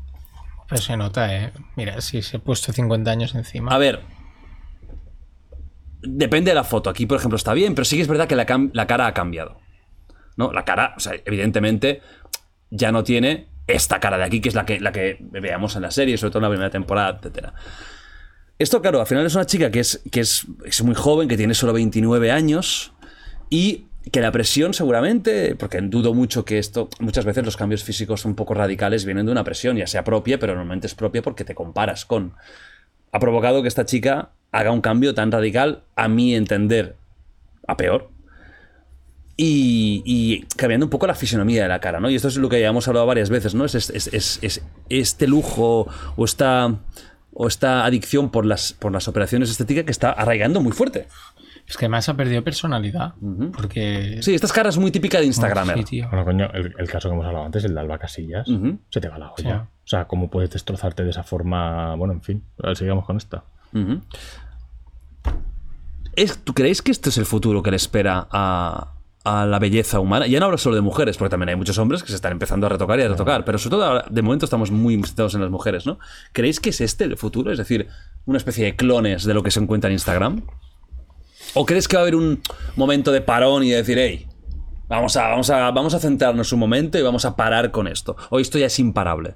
[SPEAKER 3] Pero se nota, ¿eh? Mira, si se ha puesto 50 años encima.
[SPEAKER 1] A ver. Depende de la foto. Aquí, por ejemplo, está bien, pero sí que es verdad que la, cam- la cara ha cambiado. ¿No? La cara, o sea, evidentemente, ya no tiene esta cara de aquí, que es la que, la que veamos en la serie, sobre todo en la primera temporada, etcétera. Esto, claro, al final es una chica que es, que es, es muy joven, que tiene solo 29 años y que la presión seguramente, porque dudo mucho que esto, muchas veces los cambios físicos un poco radicales vienen de una presión, ya sea propia, pero normalmente es propia porque te comparas con. Ha provocado que esta chica haga un cambio tan radical, a mi entender, a peor. Y, y cambiando un poco la fisionomía de la cara, ¿no? Y esto es lo que ya hemos hablado varias veces, ¿no? Es, es- es- es- es este lujo o esta, o esta adicción por las, por las operaciones estéticas que está arraigando muy fuerte.
[SPEAKER 3] Es que además ha perdido personalidad. Porque.
[SPEAKER 1] Sí, estas caras muy típica de Instagramer.
[SPEAKER 3] Sí, tío.
[SPEAKER 2] Bueno, coño, el, el caso que hemos hablado antes, el de Alba Casillas,
[SPEAKER 1] Ujú.
[SPEAKER 2] se te va la
[SPEAKER 3] Sí.
[SPEAKER 2] olla. O sea, ¿cómo puedes destrozarte de esa forma? Bueno, en fin, a ver, sigamos con esta.
[SPEAKER 1] Ujú. ¿Es- ¿Tú creéis que esto es el futuro que le espera a, a la belleza humana? Ya no hablo solo de mujeres, porque también hay muchos hombres que se están empezando a retocar y a retocar, pero sobre todo ahora, de momento estamos muy incitados en las mujeres, ¿no? ¿Creéis que es este el futuro? Es decir, una especie de clones de lo que se encuentra en Instagram. ¿O crees que va a haber un momento de parón y de decir, hey, vamos a, vamos a, vamos a centrarnos un momento y vamos a parar con esto? O esto ya es imparable.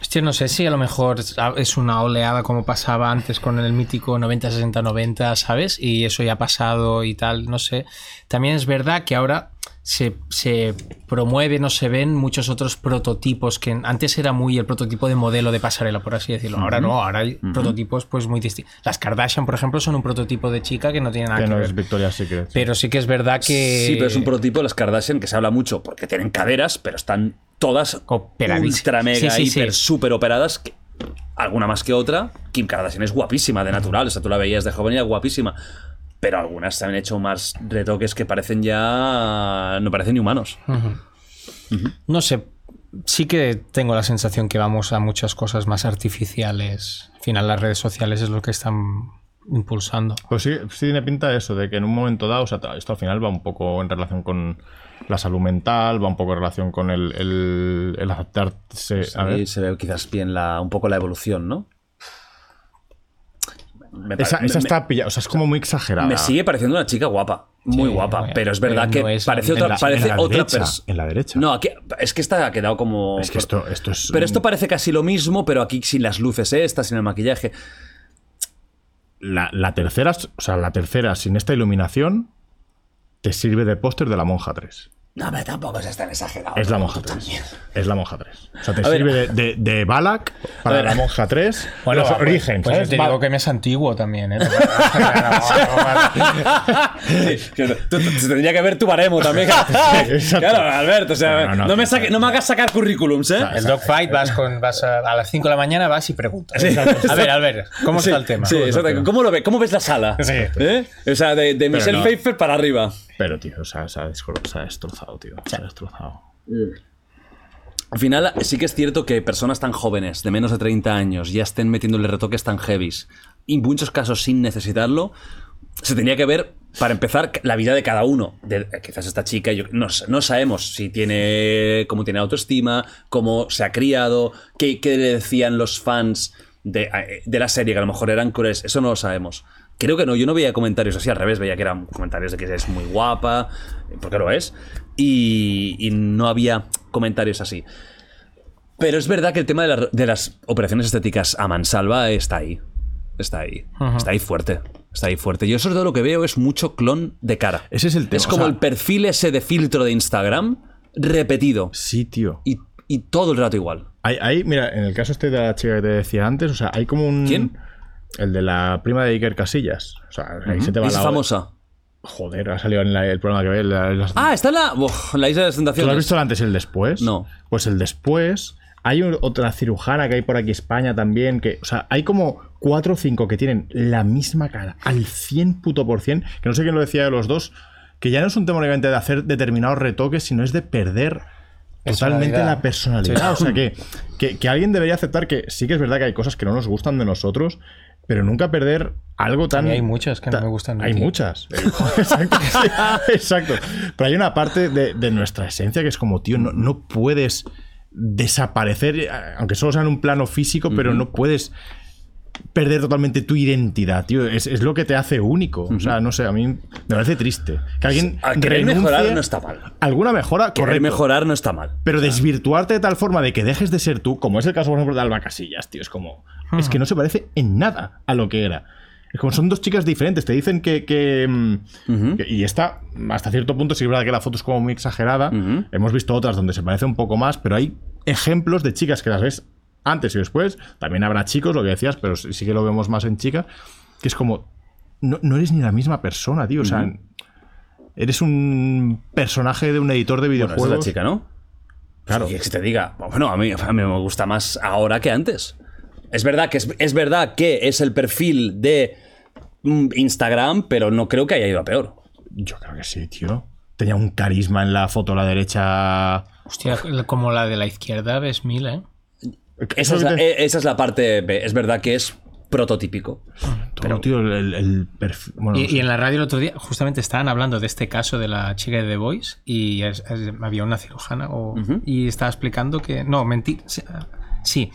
[SPEAKER 3] Hostia, no sé si a lo mejor es una oleada como pasaba antes con el mítico 90-60-90, ¿sabes? Y eso ya ha pasado y tal, no sé. También es verdad que ahora se, se promueven o se ven muchos otros prototipos que antes era muy el prototipo de modelo de pasarela, por así decirlo. Ahora no, ahora hay prototipos pues muy distintos. Las Kardashian, por ejemplo, son un prototipo de chica que no tiene nada
[SPEAKER 2] Que
[SPEAKER 3] que
[SPEAKER 2] no
[SPEAKER 3] ver.
[SPEAKER 2] es Victoria's Secret.
[SPEAKER 3] Pero sí que es verdad que...
[SPEAKER 1] Sí, pero es un prototipo de las Kardashian que se habla mucho porque tienen caderas, pero están todas
[SPEAKER 3] Operadísimas.
[SPEAKER 1] ultra mega,
[SPEAKER 3] Sí, sí,
[SPEAKER 1] hiper,
[SPEAKER 3] sí.
[SPEAKER 1] super operadas. que- alguna más que otra. Kim Kardashian es guapísima de natural, o sea, tú la veías de joven y era guapísima. Pero algunas se han hecho más retoques que parecen ya. no parecen ni humanos.
[SPEAKER 3] No sé, sí que tengo la sensación que vamos a muchas cosas más artificiales. Al final las redes sociales es lo que están impulsando.
[SPEAKER 2] Pues sí, sí tiene pinta eso, de que en un momento dado, o sea, esto al final va un poco en relación con la salud mental, va un poco en relación con el, el, el adaptarse. a ver.
[SPEAKER 1] Ahí se ve quizás bien la, un poco la evolución, ¿no? Me pare-
[SPEAKER 2] Esa, esa
[SPEAKER 1] me-
[SPEAKER 2] está pillada, o sea, es como muy exagerada.
[SPEAKER 1] me sigue pareciendo una chica guapa, muy
[SPEAKER 3] Sí,
[SPEAKER 1] guapa,
[SPEAKER 3] muy-
[SPEAKER 1] pero es verdad
[SPEAKER 3] pero
[SPEAKER 1] que
[SPEAKER 3] no es la-
[SPEAKER 1] parece
[SPEAKER 3] en
[SPEAKER 1] otra,
[SPEAKER 3] la- en
[SPEAKER 1] parece
[SPEAKER 2] en la
[SPEAKER 1] otra
[SPEAKER 2] derecha.
[SPEAKER 1] persona.
[SPEAKER 2] En la derecha.
[SPEAKER 1] No, aquí- es que esta ha quedado como.
[SPEAKER 2] es que esto, esto es.
[SPEAKER 1] Pero esto parece casi lo mismo, pero aquí sin las luces estas, sin el maquillaje.
[SPEAKER 2] la, la tercera, o sea, la tercera sin esta iluminación te sirve de póster de la monja 3.
[SPEAKER 1] No, pero tampoco es tan exagerado.
[SPEAKER 2] Es la monja 3. Es la monja 3. O sea, te
[SPEAKER 1] A ver.
[SPEAKER 2] sirve de, de, de Balak para
[SPEAKER 1] ver.
[SPEAKER 2] la monja 3. los
[SPEAKER 3] pues-
[SPEAKER 2] origen,
[SPEAKER 3] Pues yo
[SPEAKER 2] ¿sabes?
[SPEAKER 3] te
[SPEAKER 2] Va-
[SPEAKER 3] digo que me es antiguo también, ¿eh?
[SPEAKER 1] Se tendría que ver tu baremo también.
[SPEAKER 2] exacto.
[SPEAKER 1] claro, Alberto, o sea, no,
[SPEAKER 2] No, no,
[SPEAKER 1] me
[SPEAKER 2] no,
[SPEAKER 1] saque- no me hagas sacar currículums, ¿eh?
[SPEAKER 3] El dogfight vas, con, vas a, a las 5 de la mañana, vas y preguntas. A ver, Albert, ¿cómo
[SPEAKER 1] Sí,
[SPEAKER 3] está el tema?
[SPEAKER 1] sí, exacto. ¿Cómo lo ve? ¿Cómo ves la sala? ¿Eh? O sea, de, de Michelle
[SPEAKER 2] no.
[SPEAKER 1] Pfeiffer para arriba.
[SPEAKER 2] Pero, tío, o sea, se ha, desgro- se ha destrozado, tío. Se ha destrozado.
[SPEAKER 1] Al final, sí que es cierto que personas tan jóvenes, de menos de 30 años, ya estén metiéndole retoques tan heavies, y en muchos casos sin necesitarlo, se tenía que ver, para empezar, la vida de cada uno. De- eh, quizás esta chica, yo, no, sa- no sabemos si tiene, cómo tiene autoestima, cómo se ha criado, qué, qué le decían los fans de, eh, de la serie, que a lo mejor eran crueles, eso no lo sabemos. Creo que no, yo no veía comentarios así, al revés, veía que eran comentarios de que es muy guapa, porque lo es, y, y no había comentarios así. Pero es verdad que el tema de, la- de las operaciones estéticas a mansalva está ahí. Está ahí. Está ahí fuerte. Está ahí fuerte. Yo sobre todo lo que veo es mucho clon de cara.
[SPEAKER 2] Ese es el tema,
[SPEAKER 1] Es como
[SPEAKER 2] o sea-
[SPEAKER 1] el perfil ese de filtro de Instagram repetido.
[SPEAKER 2] Sí, tío.
[SPEAKER 1] Y, y todo el rato igual.
[SPEAKER 2] Hay, hay- mira, en el caso este de la chica que te decía antes, o sea, hay como un.
[SPEAKER 1] ¿Quién?
[SPEAKER 2] El de la prima de Iker Casillas. O sea, ahí se te va
[SPEAKER 1] Es
[SPEAKER 2] la.
[SPEAKER 1] famosa.
[SPEAKER 2] Joder, ha salido en la- el programa que ve. la- las-
[SPEAKER 1] Ah, está en la, Uf, la isla de las
[SPEAKER 2] ¿Tú lo has
[SPEAKER 1] tentaciones.
[SPEAKER 2] visto el antes y el después?
[SPEAKER 1] No.
[SPEAKER 2] Pues el después. Hay un- otra cirujana que hay por aquí España también. Que, o sea, hay como cuatro o cinco que tienen la misma cara al 100 puto por cien. Que no sé quién lo decía de los dos. Que ya no es un tema únicamente de hacer determinados retoques, sino es de perder totalmente
[SPEAKER 3] Personalidad.
[SPEAKER 2] la personalidad. O sea, que, que, que alguien debería aceptar que sí que es verdad que hay cosas que no nos gustan de nosotros. Pero nunca perder algo tan.
[SPEAKER 3] mí hay muchas que no
[SPEAKER 2] ta-
[SPEAKER 3] me gustan de
[SPEAKER 2] Hay
[SPEAKER 3] ti.
[SPEAKER 2] muchas. Exacto, sí, exacto. Pero hay una parte de, de nuestra esencia que es como, tío, no, no puedes desaparecer, eh, aunque solo sea en un plano físico, pero no puedes perder totalmente tu identidad, tío. Es, es lo que te hace único. O sea, no sé, a mí me parece triste. Que alguien
[SPEAKER 1] A querer
[SPEAKER 2] renuncie-
[SPEAKER 1] mejorar no está mal.
[SPEAKER 2] Alguna mejora,
[SPEAKER 1] Querer
[SPEAKER 2] correcto.
[SPEAKER 1] mejorar no está mal.
[SPEAKER 2] Pero desvirtuarte de tal forma de que dejes de ser tú, como es el caso, por ejemplo, de Alba Casillas, tío, es como. Es
[SPEAKER 1] Hmm.
[SPEAKER 2] que no se parece en nada a lo que era. Es como son dos chicas diferentes. Te dicen que. que, mm,
[SPEAKER 1] Hmm.
[SPEAKER 2] que- y esta, hasta cierto punto, sí es verdad que la foto es como muy exagerada.
[SPEAKER 1] Hmm.
[SPEAKER 2] Hemos visto otras donde se parece un poco más, pero hay ejemplos de chicas que las ves antes y después. También habrá chicos, lo que decías, pero sí sí que lo vemos más en chicas. Que es como. No, no eres ni la misma persona, tío. O sea.
[SPEAKER 1] Hmm.
[SPEAKER 2] Eres un personaje de un editor de
[SPEAKER 1] Bueno,
[SPEAKER 2] videojuegos.
[SPEAKER 1] esa es la chica, ¿no? Claro. Y que te diga, bueno, a mí, a mí me gusta más ahora que antes. Es verdad que es, es verdad que es el perfil de mm, Instagram, pero no creo que haya ido a peor.
[SPEAKER 2] Yo creo que sí, tío. Tenía un carisma en la foto a la derecha.
[SPEAKER 3] Hostia, como la de la izquierda ves mil, ¿eh?
[SPEAKER 1] Esa es,
[SPEAKER 2] Creo
[SPEAKER 1] la,
[SPEAKER 2] que te-
[SPEAKER 1] e- esa es la parte B. Es verdad que es prototípico.
[SPEAKER 2] todo, tío, el, el perfil. Bueno, no
[SPEAKER 3] Y,
[SPEAKER 2] sé.
[SPEAKER 3] y en la radio el otro día justamente estaban hablando de este caso de la chica de The Voice y es- es- había una cirujana o- y estaba explicando que... No, mentir. sí, ah, Sí.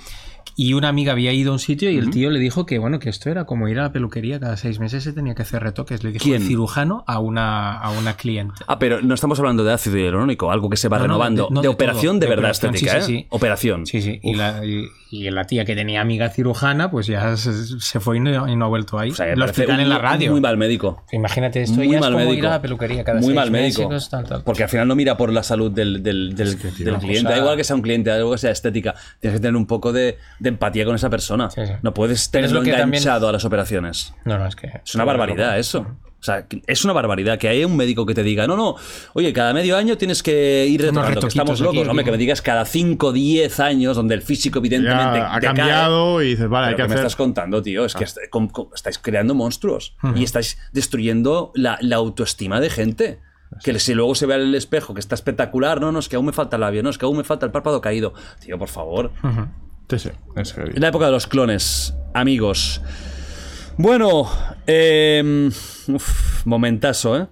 [SPEAKER 3] Y una amiga había ido a un sitio y el tío le dijo que, bueno, que esto era como ir a la peluquería cada seis meses se tenía que hacer retoques. Le dijo
[SPEAKER 1] ¿Quién?
[SPEAKER 3] el cirujano a una, a una cliente.
[SPEAKER 1] Ah, pero no estamos hablando de ácido hialurónico, algo que se va
[SPEAKER 3] No, no,
[SPEAKER 1] renovando.
[SPEAKER 3] de-
[SPEAKER 1] de,
[SPEAKER 3] no, de
[SPEAKER 1] operación
[SPEAKER 3] todo.
[SPEAKER 1] de,
[SPEAKER 3] De
[SPEAKER 1] verdad
[SPEAKER 3] operación,
[SPEAKER 1] estética,
[SPEAKER 3] sí, sí,
[SPEAKER 1] ¿eh?
[SPEAKER 3] sí.
[SPEAKER 1] Operación.
[SPEAKER 3] Sí, sí. Y la, y- y la tía que tenía amiga cirujana, pues ya se, se fue y no, y no ha vuelto ahí.
[SPEAKER 1] O sea, me
[SPEAKER 3] Lo
[SPEAKER 1] parece
[SPEAKER 3] explican en
[SPEAKER 1] un-
[SPEAKER 3] la radio.
[SPEAKER 1] Muy mal médico.
[SPEAKER 3] Imagínate esto,
[SPEAKER 1] Muy
[SPEAKER 3] ya
[SPEAKER 1] mal
[SPEAKER 3] es como ir
[SPEAKER 1] médico.
[SPEAKER 3] a la peluquería cada
[SPEAKER 1] Muy
[SPEAKER 3] seis
[SPEAKER 1] mal
[SPEAKER 3] meses,
[SPEAKER 1] médico.
[SPEAKER 3] tal, tal.
[SPEAKER 1] Porque al final no mira por la salud del, del- del- del
[SPEAKER 3] una
[SPEAKER 1] cliente.
[SPEAKER 3] cosa-
[SPEAKER 1] Da igual que sea un cliente, da igual que sea estética. Tienes que tener un poco de, de empatía con esa persona.
[SPEAKER 3] Sí, sí.
[SPEAKER 1] No puedes
[SPEAKER 3] Pero es
[SPEAKER 1] tenerlo
[SPEAKER 3] lo que también-
[SPEAKER 1] enganchado a las operaciones.
[SPEAKER 3] No, no, es que...
[SPEAKER 1] Es una barbaridad ¿eh? eso. O sea, que- es una barbaridad que haya un médico que te diga, no, no, oye, cada medio año tienes que ir retocando, que
[SPEAKER 3] retoquitos
[SPEAKER 1] estamos
[SPEAKER 3] aquí,
[SPEAKER 1] locos.
[SPEAKER 3] aquí.
[SPEAKER 1] Hombre, que me digas cada 5 10 años, donde el físico evidentemente
[SPEAKER 2] Ya ha
[SPEAKER 1] decae.
[SPEAKER 2] cambiado y dices, vale,
[SPEAKER 1] Pero
[SPEAKER 2] hay que
[SPEAKER 1] ¿qué me
[SPEAKER 2] hacer. Ah.
[SPEAKER 1] estás contando, tío? Es que est- com- com- estáis creando monstruos y estáis destruyendo la, la autoestima de gente. Que si luego se ve en el espejo que está espectacular, no, no, es que aún me falta el labio, no, es que aún me falta el párpado caído. Tío, por favor.
[SPEAKER 2] Sí, sí, es heavy.
[SPEAKER 1] La época de los clones, amigos. Bueno, eh, uf, momentazo, ¿eh?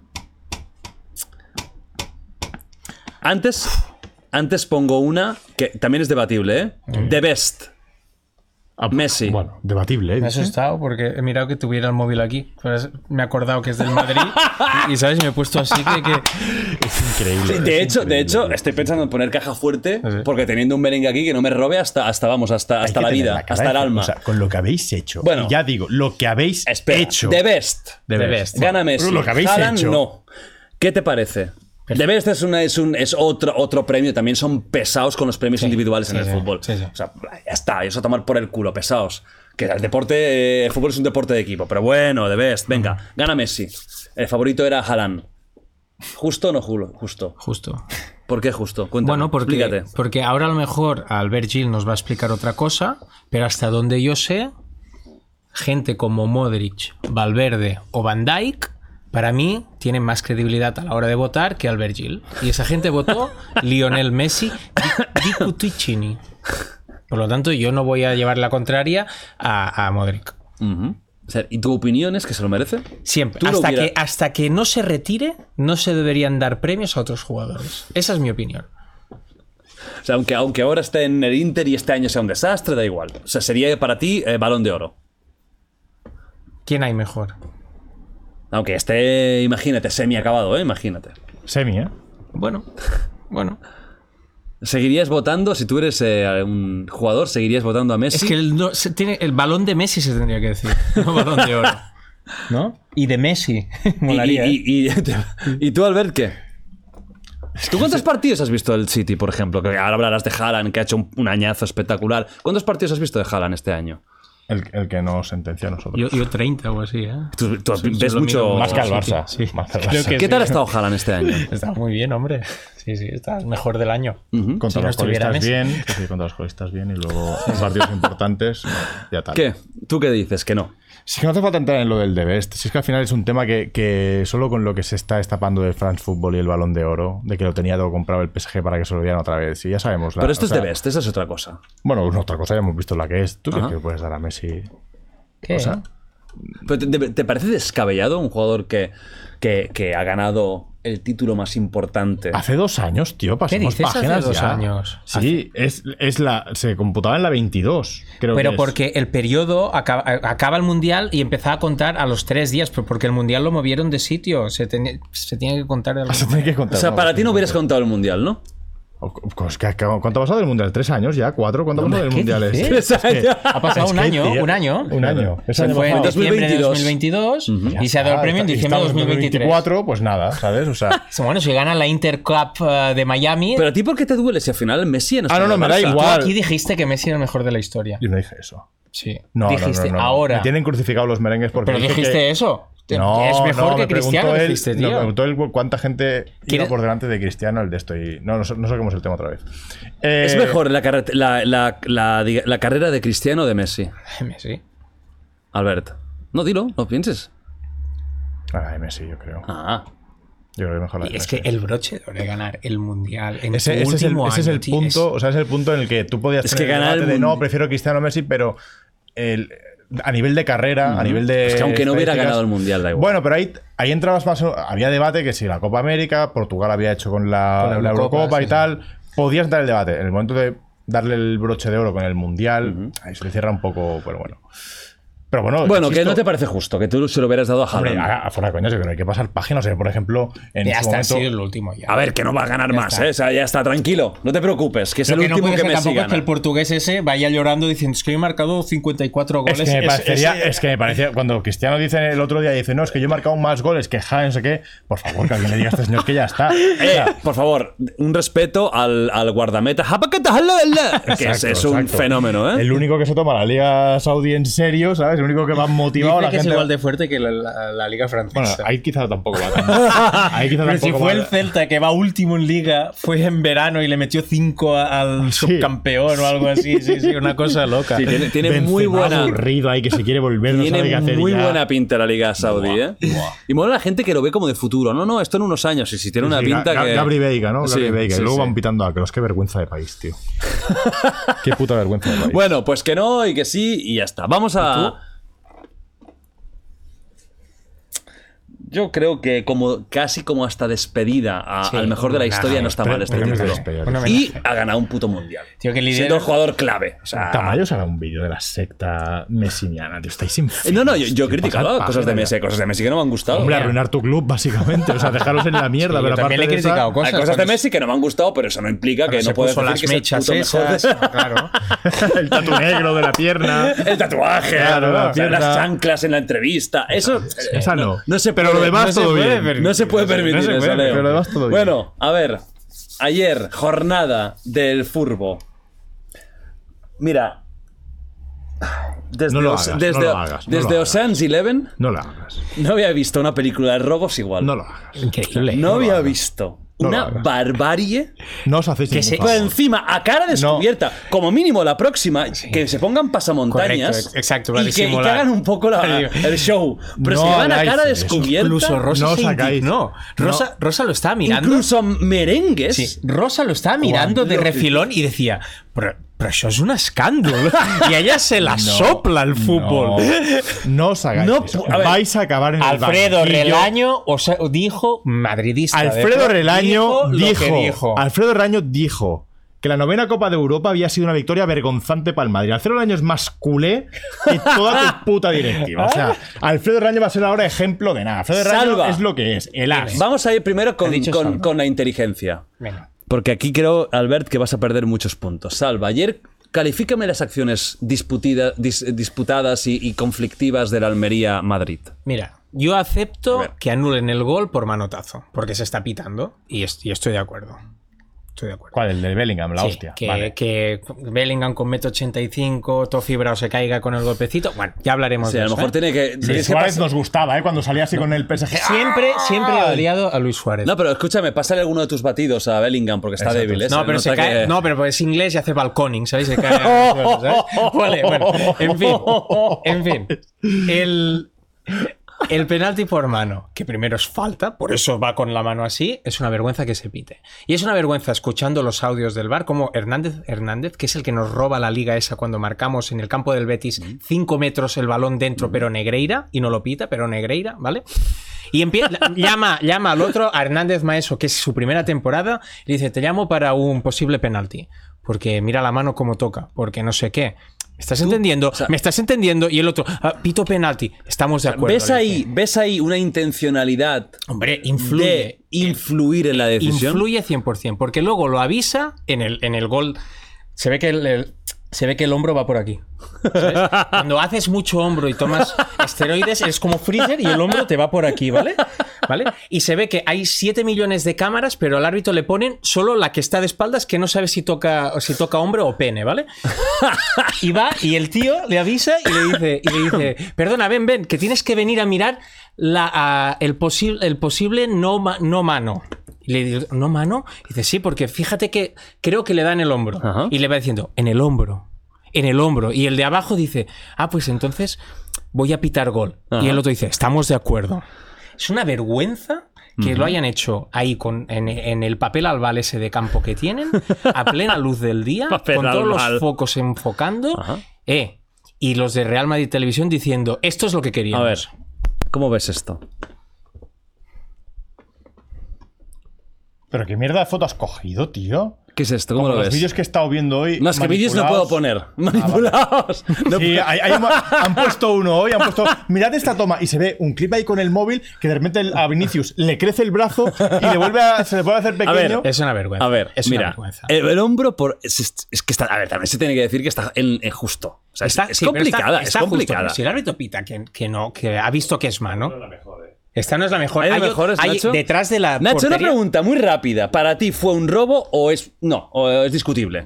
[SPEAKER 1] Antes, antes pongo una que también es debatible, ¿eh? The Best.
[SPEAKER 2] Ah,
[SPEAKER 1] Messi.
[SPEAKER 2] Bueno, debatible, ¿eh?
[SPEAKER 3] Me he
[SPEAKER 2] Dice.
[SPEAKER 3] asustado porque he mirado que tuviera el móvil aquí. pero es- me he acordado que es del Madrid. y, ¿sabes? Me he puesto así que... que-
[SPEAKER 2] Es increíble.
[SPEAKER 1] De hecho, de hecho, estoy pensando en poner caja fuerte porque teniendo un merengue aquí que no me robe hasta, hasta vamos, hasta,
[SPEAKER 2] Hay
[SPEAKER 1] hasta
[SPEAKER 2] que
[SPEAKER 1] la
[SPEAKER 2] tener
[SPEAKER 1] vida,
[SPEAKER 2] cabeza,
[SPEAKER 1] hasta el alma.
[SPEAKER 2] O sea, con lo que habéis hecho.
[SPEAKER 1] Bueno.
[SPEAKER 2] Y ya digo, lo que habéis
[SPEAKER 1] Espera,
[SPEAKER 2] hecho.
[SPEAKER 1] The Best.
[SPEAKER 2] The
[SPEAKER 3] The
[SPEAKER 2] best.
[SPEAKER 3] best.
[SPEAKER 1] Gana Messi.
[SPEAKER 2] Lo que habéis
[SPEAKER 1] Haaland,
[SPEAKER 2] hecho.
[SPEAKER 1] no. ¿Qué te parece? The Best es, una, es, un, es otro, otro premio. También son pesados con los premios individuales en el fútbol.
[SPEAKER 3] sí, sí.
[SPEAKER 1] O sea, ya está. Eso a tomar por el culo. Pesados. Que el deporte... eh, El fútbol es un deporte de equipo. Pero bueno, The Best. Venga, gana Messi. El favorito era Haaland. ¿Justo o no julo? justo?
[SPEAKER 3] Justo.
[SPEAKER 1] ¿Por qué justo? Cuéntame.
[SPEAKER 3] Bueno, porque,
[SPEAKER 1] Explícate.
[SPEAKER 3] porque ahora a lo mejor Albert Gil nos va a explicar otra cosa, pero hasta donde yo sé, gente como Modric, Valverde o Van Dijk para mí tiene más credibilidad a la hora de votar que Albert Gil. Y esa gente votó Lionel Messi, Di Di Cuticini. Por lo tanto, yo no voy a llevar la contraria a, a Modric.
[SPEAKER 1] Ujú. O sea, ¿Y tu opinión es que se lo merece? Tú
[SPEAKER 3] Siempre.
[SPEAKER 1] lo
[SPEAKER 3] Hasta,
[SPEAKER 1] hubiera-
[SPEAKER 3] que, hasta que no se retire, no se deberían dar premios a otros jugadores. Esa es mi opinión.
[SPEAKER 1] O sea, aunque, aunque ahora esté en el Inter y este año sea un desastre, da igual. O sea, sería para ti eh, balón de oro.
[SPEAKER 3] ¿Quién hay mejor?
[SPEAKER 1] Aunque esté, imagínate, semi acabado, ¿eh? Imagínate.
[SPEAKER 2] Semi, ¿eh?
[SPEAKER 3] Bueno, bueno.
[SPEAKER 1] ¿Seguirías votando, si tú eres eh, un jugador, seguirías votando a Messi?
[SPEAKER 3] Es que el, no- se tiene, el balón de Messi se tendría que decir. No balón de oro. ¿No? Y de Messi.
[SPEAKER 1] Y- y-
[SPEAKER 3] Molaría, ¿eh?
[SPEAKER 1] y, y- y tú, Albert, qué? ¿Tú cuántos partidos has visto del City, por ejemplo? Que ahora hablarás de Haaland, que ha hecho un, un añazo espectacular. ¿Cuántos partidos has visto de Haaland este año?
[SPEAKER 2] El, el que nos sentencia a nosotros.
[SPEAKER 3] Yo, yo 30 o así, ¿eh?
[SPEAKER 1] Tú, tú ves
[SPEAKER 3] lo
[SPEAKER 1] mucho...
[SPEAKER 3] miro
[SPEAKER 2] Más que al Barça.
[SPEAKER 3] Sí.
[SPEAKER 2] Más que al
[SPEAKER 3] Creo
[SPEAKER 2] Barça.
[SPEAKER 3] que
[SPEAKER 1] ¿Qué
[SPEAKER 3] sí.
[SPEAKER 1] tal ha estado Haaland este año?
[SPEAKER 3] Está muy bien, hombre. Sí, sí, está el mejor del año.
[SPEAKER 2] Contra
[SPEAKER 3] Si no
[SPEAKER 2] los
[SPEAKER 3] estuviera
[SPEAKER 2] colistas
[SPEAKER 3] Messi.
[SPEAKER 2] bien. sí, contra los colistas bien y luego los partidos importantes. Ya tal.
[SPEAKER 1] ¿Qué? ¿Tú qué dices? Que no.
[SPEAKER 2] Si no hace falta entrar en lo del The Best, si es que al final es un tema que, que solo con lo que se está destapando del France Football y el balón de oro, de que lo tenía todo comprado el PSG para que se lo dieran otra vez, y ya sabemos. la-
[SPEAKER 1] Pero esto
[SPEAKER 2] o
[SPEAKER 1] es
[SPEAKER 2] sea,
[SPEAKER 1] de best, esa es otra cosa.
[SPEAKER 2] Bueno, es otra cosa, ya hemos visto la que es. ¿Tú crees
[SPEAKER 1] Ajá. Eh.
[SPEAKER 2] que puedes dar a Messi?
[SPEAKER 3] ¿Qué?
[SPEAKER 2] O sea,
[SPEAKER 1] Pero te, te- te parece descabellado un jugador que, que, que ha ganado el título más importante?
[SPEAKER 2] hace dos años, tío, pasamos
[SPEAKER 3] dices? Hace
[SPEAKER 2] páginas
[SPEAKER 3] dos
[SPEAKER 2] ya.
[SPEAKER 3] años.
[SPEAKER 2] Sí, es, es la, se computaba en la 22, creo que
[SPEAKER 3] Pero
[SPEAKER 2] es.
[SPEAKER 3] porque el periodo acaba, acaba el mundial y empezaba a contar a los tres días, pero porque el mundial lo movieron de sitio. Se, tiene- se tiene que contar. el-
[SPEAKER 2] Se tiene que
[SPEAKER 1] O
[SPEAKER 2] contar,
[SPEAKER 1] sea,
[SPEAKER 2] ¿no?
[SPEAKER 1] para ti no hubieras contado el mundial, ¿no?
[SPEAKER 2] O- o- es que ha- ¿Cuánto ha pasado del mundial? ¿Tres años ya? ¿Cuatro? ¿Cuánto ha pasado del
[SPEAKER 3] ¿qué
[SPEAKER 2] mundial?
[SPEAKER 3] dices?
[SPEAKER 2] este?
[SPEAKER 1] O sea, ya-
[SPEAKER 3] Ha pasado
[SPEAKER 2] Es
[SPEAKER 3] un
[SPEAKER 2] que,
[SPEAKER 3] año,
[SPEAKER 2] tío,
[SPEAKER 3] un año.
[SPEAKER 2] Un año. Ese
[SPEAKER 3] Se
[SPEAKER 2] año
[SPEAKER 3] fue en
[SPEAKER 2] pasado.
[SPEAKER 3] diciembre de
[SPEAKER 1] 2022.
[SPEAKER 3] 2022 y se ha dado el premio en
[SPEAKER 2] Ah,
[SPEAKER 3] diciembre de
[SPEAKER 2] estamos en
[SPEAKER 3] 2023.
[SPEAKER 2] 2024, pues nada, ¿sabes? O sea.
[SPEAKER 3] Bueno, si gana la Intercup eh, de Miami,
[SPEAKER 1] Pero a ti, ¿por qué te duele si al final Messi en
[SPEAKER 2] Ah, no, no, me da
[SPEAKER 3] tú
[SPEAKER 2] igual.
[SPEAKER 3] aquí dijiste que Messi era el mejor de la historia.
[SPEAKER 2] Yo no dije eso.
[SPEAKER 3] Sí.
[SPEAKER 2] No, no, no,
[SPEAKER 3] dijiste
[SPEAKER 2] no, no.
[SPEAKER 3] ahora.
[SPEAKER 2] Me tienen crucificado los merengues porque.
[SPEAKER 3] Pero
[SPEAKER 2] dije
[SPEAKER 3] dijiste
[SPEAKER 2] que-
[SPEAKER 3] eso.
[SPEAKER 2] No,
[SPEAKER 3] es mejor
[SPEAKER 2] no,
[SPEAKER 3] que
[SPEAKER 2] me preguntó
[SPEAKER 3] Cristiano,
[SPEAKER 2] él-
[SPEAKER 3] dijiste,
[SPEAKER 2] no,
[SPEAKER 3] tío.
[SPEAKER 2] me preguntó él cuánta gente iba
[SPEAKER 3] ¿Quieres-
[SPEAKER 2] por delante de Cristiano el de esto. Y... No, no, sa- no saquemos el tema otra vez. Eh,
[SPEAKER 1] Es mejor la, carre- la- la- la- diga- la carrera de Cristiano o de Messi,
[SPEAKER 3] Messi.
[SPEAKER 1] Albert. No, dilo, no pienses.
[SPEAKER 2] Ah, la de Messi, yo creo.
[SPEAKER 1] Ah,
[SPEAKER 2] Yo creo que mejor la de
[SPEAKER 3] Y es
[SPEAKER 2] Messi.
[SPEAKER 3] que el broche de oro de ganar el mundial en
[SPEAKER 2] Ese,
[SPEAKER 3] tu
[SPEAKER 2] ese es el,
[SPEAKER 3] último
[SPEAKER 2] ese es
[SPEAKER 3] año,
[SPEAKER 2] el
[SPEAKER 3] tío,
[SPEAKER 2] punto, o sea, es el punto en el que tú podías
[SPEAKER 1] Es
[SPEAKER 2] tener
[SPEAKER 1] que
[SPEAKER 2] el
[SPEAKER 1] ganar el
[SPEAKER 2] debate de
[SPEAKER 1] mundo-
[SPEAKER 2] no, prefiero Cristiano Messi, pero el, a nivel de carrera, a nivel de
[SPEAKER 1] Es que aunque no hubiera
[SPEAKER 2] estadísticas-
[SPEAKER 1] ganado el Mundial, da igual.
[SPEAKER 2] Bueno, pero ahí, ahí entrabas más, había debate que si la Copa América, Portugal había hecho con la,
[SPEAKER 3] Con la
[SPEAKER 2] la Eurocopa,
[SPEAKER 3] Eurocopa,
[SPEAKER 2] y
[SPEAKER 3] sí,
[SPEAKER 2] tal, podías dar el debate. En el momento de darle el broche de oro con el Mundial, ahí se le cierra un poco, pero bueno. Pero bueno,
[SPEAKER 1] Bueno, que
[SPEAKER 2] insisto,
[SPEAKER 1] no te parece justo que tú se lo hubieras dado a
[SPEAKER 2] hombre,
[SPEAKER 1] Haaland.
[SPEAKER 2] a- a fuera de coñas, que no hay que pasar páginas, o sea, por ejemplo, en
[SPEAKER 3] Ya
[SPEAKER 2] su
[SPEAKER 3] está, ha
[SPEAKER 2] momento...
[SPEAKER 3] sido el último ya.
[SPEAKER 1] A ver, que no va a ganar más, ¿eh? O sea, ya está, tranquilo. No te preocupes, que es
[SPEAKER 3] Lo
[SPEAKER 1] el
[SPEAKER 3] que no
[SPEAKER 1] último
[SPEAKER 3] puede
[SPEAKER 1] que
[SPEAKER 3] ser
[SPEAKER 1] Messi
[SPEAKER 3] tampoco es
[SPEAKER 1] gana.
[SPEAKER 3] que el portugués ese vaya llorando diciendo es que he marcado 54
[SPEAKER 2] Es
[SPEAKER 3] goles.
[SPEAKER 2] que, me
[SPEAKER 3] Es-
[SPEAKER 2] parecería,
[SPEAKER 3] ese-
[SPEAKER 2] es que me parecía, cuando Cristiano dice el otro día, dice, no, es que yo he marcado más goles que Haaland, no sé qué, por favor, que alguien le diga a este señor que ya está. O
[SPEAKER 1] Eh,
[SPEAKER 2] sea,
[SPEAKER 1] por favor, un respeto al, al guardameta. Hapakatahalala, Que es,
[SPEAKER 2] exacto,
[SPEAKER 1] es un
[SPEAKER 2] exacto.
[SPEAKER 1] fenómeno, ¿eh?
[SPEAKER 2] El único que se toma la Liga Saudí en serio, ¿sabes? El único que va motivado a
[SPEAKER 3] Dice
[SPEAKER 2] la
[SPEAKER 3] que es
[SPEAKER 2] gente.
[SPEAKER 3] igual de fuerte que la, la- la liga
[SPEAKER 2] Bueno,
[SPEAKER 3] francesa.
[SPEAKER 2] ahí quizá tampoco va tan- Ahí quizá
[SPEAKER 3] Pero si
[SPEAKER 2] tampoco
[SPEAKER 3] fue
[SPEAKER 2] va-
[SPEAKER 3] el Celta que va último en liga, fue en verano y le metió 5
[SPEAKER 2] Ah,
[SPEAKER 3] al subcampeón o algo así. Sí, sí, una cosa loca.
[SPEAKER 1] Sí, tiene, tiene
[SPEAKER 2] Benzema
[SPEAKER 1] muy buena.
[SPEAKER 2] aburrido ahí que se quiere volver, no sabe qué
[SPEAKER 1] Tiene
[SPEAKER 2] hacer
[SPEAKER 1] muy
[SPEAKER 2] ya.
[SPEAKER 1] buena pinta la Liga Saudí, ¿eh? Y mola la gente que lo ve como de futuro. No, no, esto en unos años. Y si tiene una
[SPEAKER 2] Sí,
[SPEAKER 1] pinta
[SPEAKER 2] Ga-
[SPEAKER 1] que.
[SPEAKER 2] Gabri Veiga, ¿no?
[SPEAKER 1] Sí,
[SPEAKER 2] Gabri Veiga.
[SPEAKER 1] sí,
[SPEAKER 2] y luego
[SPEAKER 1] sí.
[SPEAKER 2] van pitando a Kroos. Qué vergüenza de país, tío. qué puta vergüenza de país.
[SPEAKER 1] Bueno, pues que no y que sí y ya está. Vamos a. Yo creo que como casi como hasta despedida a-
[SPEAKER 3] Sí,
[SPEAKER 1] al mejor de la
[SPEAKER 3] una-
[SPEAKER 1] historia no está
[SPEAKER 2] pero-
[SPEAKER 1] mal este
[SPEAKER 2] pero me
[SPEAKER 1] título.
[SPEAKER 2] despedida.
[SPEAKER 3] Una
[SPEAKER 1] Y
[SPEAKER 3] homenaje.
[SPEAKER 1] ha ganado un puto mundial.
[SPEAKER 3] Tío, que lidera-
[SPEAKER 1] Siendo el jugador clave. O sea,
[SPEAKER 2] Tamayo hará un vídeo de la secta messiniana, tío. Estáis sin
[SPEAKER 1] Eh, No, no, yo, yo he criticado cosas de Messi, cosas de Messi que no me han gustado.
[SPEAKER 2] Ah, Hombre, arruinar tu club, básicamente. O sea, dejaros en la mierda.
[SPEAKER 3] Sí,
[SPEAKER 2] pero
[SPEAKER 3] yo también
[SPEAKER 2] aparte
[SPEAKER 3] le he
[SPEAKER 2] de esa-
[SPEAKER 3] criticado
[SPEAKER 1] Hay
[SPEAKER 3] cosas.
[SPEAKER 1] cosas de
[SPEAKER 3] cuando
[SPEAKER 1] Messi que no me han gustado, pero eso no implica que
[SPEAKER 3] se
[SPEAKER 1] no puedes
[SPEAKER 3] puso
[SPEAKER 1] decir
[SPEAKER 3] las
[SPEAKER 1] que es el
[SPEAKER 3] mechas
[SPEAKER 1] puto mejor de-
[SPEAKER 3] esas, claro.
[SPEAKER 2] el tatu negro de la pierna.
[SPEAKER 1] El tatuaje,
[SPEAKER 2] Claro,
[SPEAKER 1] ¿no?
[SPEAKER 2] la
[SPEAKER 1] O sea,
[SPEAKER 2] pierna.
[SPEAKER 1] las chanclas en la entrevista. Eso. eh,
[SPEAKER 2] Esa no.
[SPEAKER 1] No se
[SPEAKER 2] pero lo
[SPEAKER 1] puede,
[SPEAKER 2] demás
[SPEAKER 1] no se
[SPEAKER 2] todo
[SPEAKER 1] puede
[SPEAKER 2] bien.
[SPEAKER 1] No se puede permitir
[SPEAKER 2] No se
[SPEAKER 1] eso,
[SPEAKER 2] puede,
[SPEAKER 1] Leo.
[SPEAKER 2] pero lo demás todo bien.
[SPEAKER 1] Bueno, a ver. Ayer, jornada del Furbo. Mira. Desde,
[SPEAKER 2] No lo
[SPEAKER 1] Os-
[SPEAKER 2] hagas,
[SPEAKER 1] desde,
[SPEAKER 2] no lo hagas, no
[SPEAKER 1] desde
[SPEAKER 2] lo hagas.
[SPEAKER 1] Ocean's Eleven
[SPEAKER 2] No la hagas.
[SPEAKER 1] no había visto una película de robos igual.
[SPEAKER 2] No lo hagas.
[SPEAKER 3] Increíble.
[SPEAKER 1] No había visto
[SPEAKER 2] No lo
[SPEAKER 1] una
[SPEAKER 2] hagas.
[SPEAKER 1] barbarie.
[SPEAKER 2] No os hacéis
[SPEAKER 3] Que
[SPEAKER 2] ningún
[SPEAKER 3] se-
[SPEAKER 1] Pero
[SPEAKER 2] favor.
[SPEAKER 1] encima, a cara descubierta, como mínimo la próxima, que se pongan pasamontañas.
[SPEAKER 3] Correcto, exacto, para
[SPEAKER 1] y, que, y que
[SPEAKER 3] disimular.
[SPEAKER 1] hagan un poco la- el show. Pero
[SPEAKER 2] No
[SPEAKER 1] se van a
[SPEAKER 2] hagáis
[SPEAKER 1] cara
[SPEAKER 2] eso.
[SPEAKER 1] descubierta.
[SPEAKER 3] Incluso Rosa
[SPEAKER 2] No
[SPEAKER 3] se
[SPEAKER 2] sacáis-
[SPEAKER 3] indignó. Rosa, Rosa lo estaba mirando.
[SPEAKER 1] incluso merengues.
[SPEAKER 3] Sí, Rosa lo estaba mirando de
[SPEAKER 1] lo que-
[SPEAKER 3] refilón y decía, pero, pero eso es un escándalo. y a ella se la sopla el fútbol.
[SPEAKER 2] No, no os hagáis
[SPEAKER 1] No
[SPEAKER 2] eso.
[SPEAKER 1] pu- a ver,
[SPEAKER 2] Vais a acabar en el
[SPEAKER 3] Alfredo
[SPEAKER 2] banquillo.
[SPEAKER 3] Relaño os ha- dijo madridista. de
[SPEAKER 2] Alfredo
[SPEAKER 3] pro-
[SPEAKER 2] Relaño
[SPEAKER 3] lo que
[SPEAKER 2] dijo,
[SPEAKER 3] dijo.
[SPEAKER 2] Alfredo Relaño dijo que la novena Copa de Europa había sido una victoria vergonzante para el Madrid. Alfredo Relaño es más culé que toda tu puta directiva. O sea, Alfredo Relaño va a ser ahora ejemplo de nada. Alfredo Relaño
[SPEAKER 1] Salva.
[SPEAKER 2] es lo que es, el as.
[SPEAKER 1] Vamos a ir primero con,
[SPEAKER 3] dicho
[SPEAKER 1] con-
[SPEAKER 3] Salva.
[SPEAKER 1] con la inteligencia.
[SPEAKER 3] Venga.
[SPEAKER 1] Porque aquí creo, Albert, que vas a perder muchos puntos. Salva, ayer califícame las acciones disputida- dis- disputadas y, y conflictivas del Almería-Madrid.
[SPEAKER 3] Mira, yo
[SPEAKER 1] A
[SPEAKER 3] acepto
[SPEAKER 1] ver.
[SPEAKER 3] que anulen el gol por manotazo, porque se está pitando y, es- y estoy de acuerdo. Estoy de acuerdo.
[SPEAKER 2] ¿Cuál? El de Bellingham, la
[SPEAKER 3] Sí,
[SPEAKER 2] hostia.
[SPEAKER 3] que,
[SPEAKER 2] Vale.
[SPEAKER 3] que Bellingham con metro 85, Tofi Bravo se caiga con el golpecito. Bueno, ya hablaremos
[SPEAKER 1] O sea, a
[SPEAKER 3] de
[SPEAKER 1] lo
[SPEAKER 3] eso.
[SPEAKER 1] mejor
[SPEAKER 3] ¿eh?
[SPEAKER 1] tiene que...
[SPEAKER 2] Luis
[SPEAKER 1] tienes que
[SPEAKER 2] Suárez
[SPEAKER 1] pas-
[SPEAKER 2] nos gustaba, ¿eh? Cuando salía así con el PSG. ¡Ah!
[SPEAKER 3] Siempre, siempre he odiado a Luis Suárez.
[SPEAKER 1] No, pero escúchame, pásale alguno de tus batidos a Bellingham porque está
[SPEAKER 2] Exacto.
[SPEAKER 1] débil. ¿eh?
[SPEAKER 3] No, pero se
[SPEAKER 1] nota
[SPEAKER 3] cae.
[SPEAKER 1] que-
[SPEAKER 3] No, pero es inglés y hace balconing, ¿sabéis? Se cae. al suelo, ¿sabes? Vale, bueno. En fin. En fin. El, el penalti por mano, que primero es falta, por eso va con la mano así, es una vergüenza que se pite. Y es una vergüenza escuchando los audios del bar, como Hernández Hernández, que es el que nos roba la liga esa cuando marcamos en el campo del Betis 5 metros el balón dentro, pero Negreira, y no lo pita, pero Negreira, ¿vale? Y empie- llama, llama al otro, a Hernández Maeso, que es su primera temporada, y dice, te llamo para un posible penalti, porque mira la mano como toca, porque no sé qué. ¿Me estás entendiendo?
[SPEAKER 1] sea-
[SPEAKER 3] ¿Me estás entendiendo? Y el otro, "Ah, pito penalti, estamos de acuerdo.
[SPEAKER 1] ¿Ves
[SPEAKER 3] le
[SPEAKER 1] ahí,
[SPEAKER 3] dice.
[SPEAKER 1] ¿Ves ahí una intencionalidad
[SPEAKER 3] Hombre,
[SPEAKER 1] de
[SPEAKER 3] influye.
[SPEAKER 1] influir en la decisión?
[SPEAKER 3] Influye 100%, porque luego lo avisa en el, en el gol. Se ve que el, el- se ve que el hombro va por aquí. ¿sabes? Cuando haces mucho hombro y tomas esteroides, es como freezer y el hombro te va por aquí, ¿vale? ¿Vale? Y se ve que hay 7 millones de cámaras, pero al árbitro le ponen solo la que está de espaldas, que no sabe si toca, si toca hombro o pene, ¿vale? Y va y el tío le avisa y le dice, y le dice perdona, ven, ven, que tienes que venir a mirar la, a- el, posi- el posible no, ma- no mano. Y le digo, ¿no mano? Y dice, sí, porque fíjate que creo que le da en el hombro.
[SPEAKER 1] Ajá.
[SPEAKER 3] Y le va diciendo, en el hombro, en el hombro. Y el de abajo dice, ah, pues entonces voy a pitar gol.
[SPEAKER 1] Ajá.
[SPEAKER 3] Y el otro dice, estamos de acuerdo. Es una vergüenza que lo hayan hecho ahí con, en, en el papel albal ese de campo que tienen, a plena luz del día,
[SPEAKER 1] Papel
[SPEAKER 3] con todos
[SPEAKER 1] albal.
[SPEAKER 3] los focos enfocando.
[SPEAKER 1] Ajá.
[SPEAKER 3] Eh, y los de Real Madrid Televisión diciendo, esto es lo que
[SPEAKER 1] A
[SPEAKER 3] queríamos.
[SPEAKER 1] ver, ¿cómo ves esto?
[SPEAKER 2] Pero qué mierda de foto has cogido, tío.
[SPEAKER 1] ¿Qué es esto? ¿Cómo
[SPEAKER 2] Como
[SPEAKER 1] lo
[SPEAKER 2] los
[SPEAKER 1] ves?
[SPEAKER 2] vídeos que he estado viendo hoy.
[SPEAKER 1] No, es que vídeos no puedo
[SPEAKER 2] manipulados.
[SPEAKER 1] poner.
[SPEAKER 3] Ah,
[SPEAKER 1] Manipulados. No
[SPEAKER 2] Sí,
[SPEAKER 1] puedo-
[SPEAKER 2] hay- hay un- han puesto uno hoy, han puesto. Mirad esta toma y se ve un clip ahí con el móvil que de repente el- a Vinicius le crece el brazo y le vuelve a, se le vuelve a hacer
[SPEAKER 1] ver,
[SPEAKER 2] pequeño.
[SPEAKER 3] Es una vergüenza.
[SPEAKER 1] A ver,
[SPEAKER 3] es una
[SPEAKER 1] mira, eh,
[SPEAKER 3] vergüenza.
[SPEAKER 1] el, el hombro por es, es que está, a ver, también se tiene que decir que está en, en justo. O sea, es-
[SPEAKER 3] Está-
[SPEAKER 1] es,
[SPEAKER 3] sí, pero está-
[SPEAKER 1] complicada,
[SPEAKER 3] está
[SPEAKER 1] es
[SPEAKER 3] justo.
[SPEAKER 1] complicada.
[SPEAKER 3] Si el árbitro pita que, que no, que ha visto que es mano.
[SPEAKER 9] la mejor, eh.
[SPEAKER 3] Esta no es la mejor.
[SPEAKER 1] ¿Hay de
[SPEAKER 3] ot-
[SPEAKER 1] mejores,
[SPEAKER 3] hay-
[SPEAKER 1] Nacho?
[SPEAKER 3] Detrás de la
[SPEAKER 1] Nacho, una
[SPEAKER 3] portería-
[SPEAKER 1] pregunta muy rápida. ¿Para ti fue un robo o es no, o es discutible?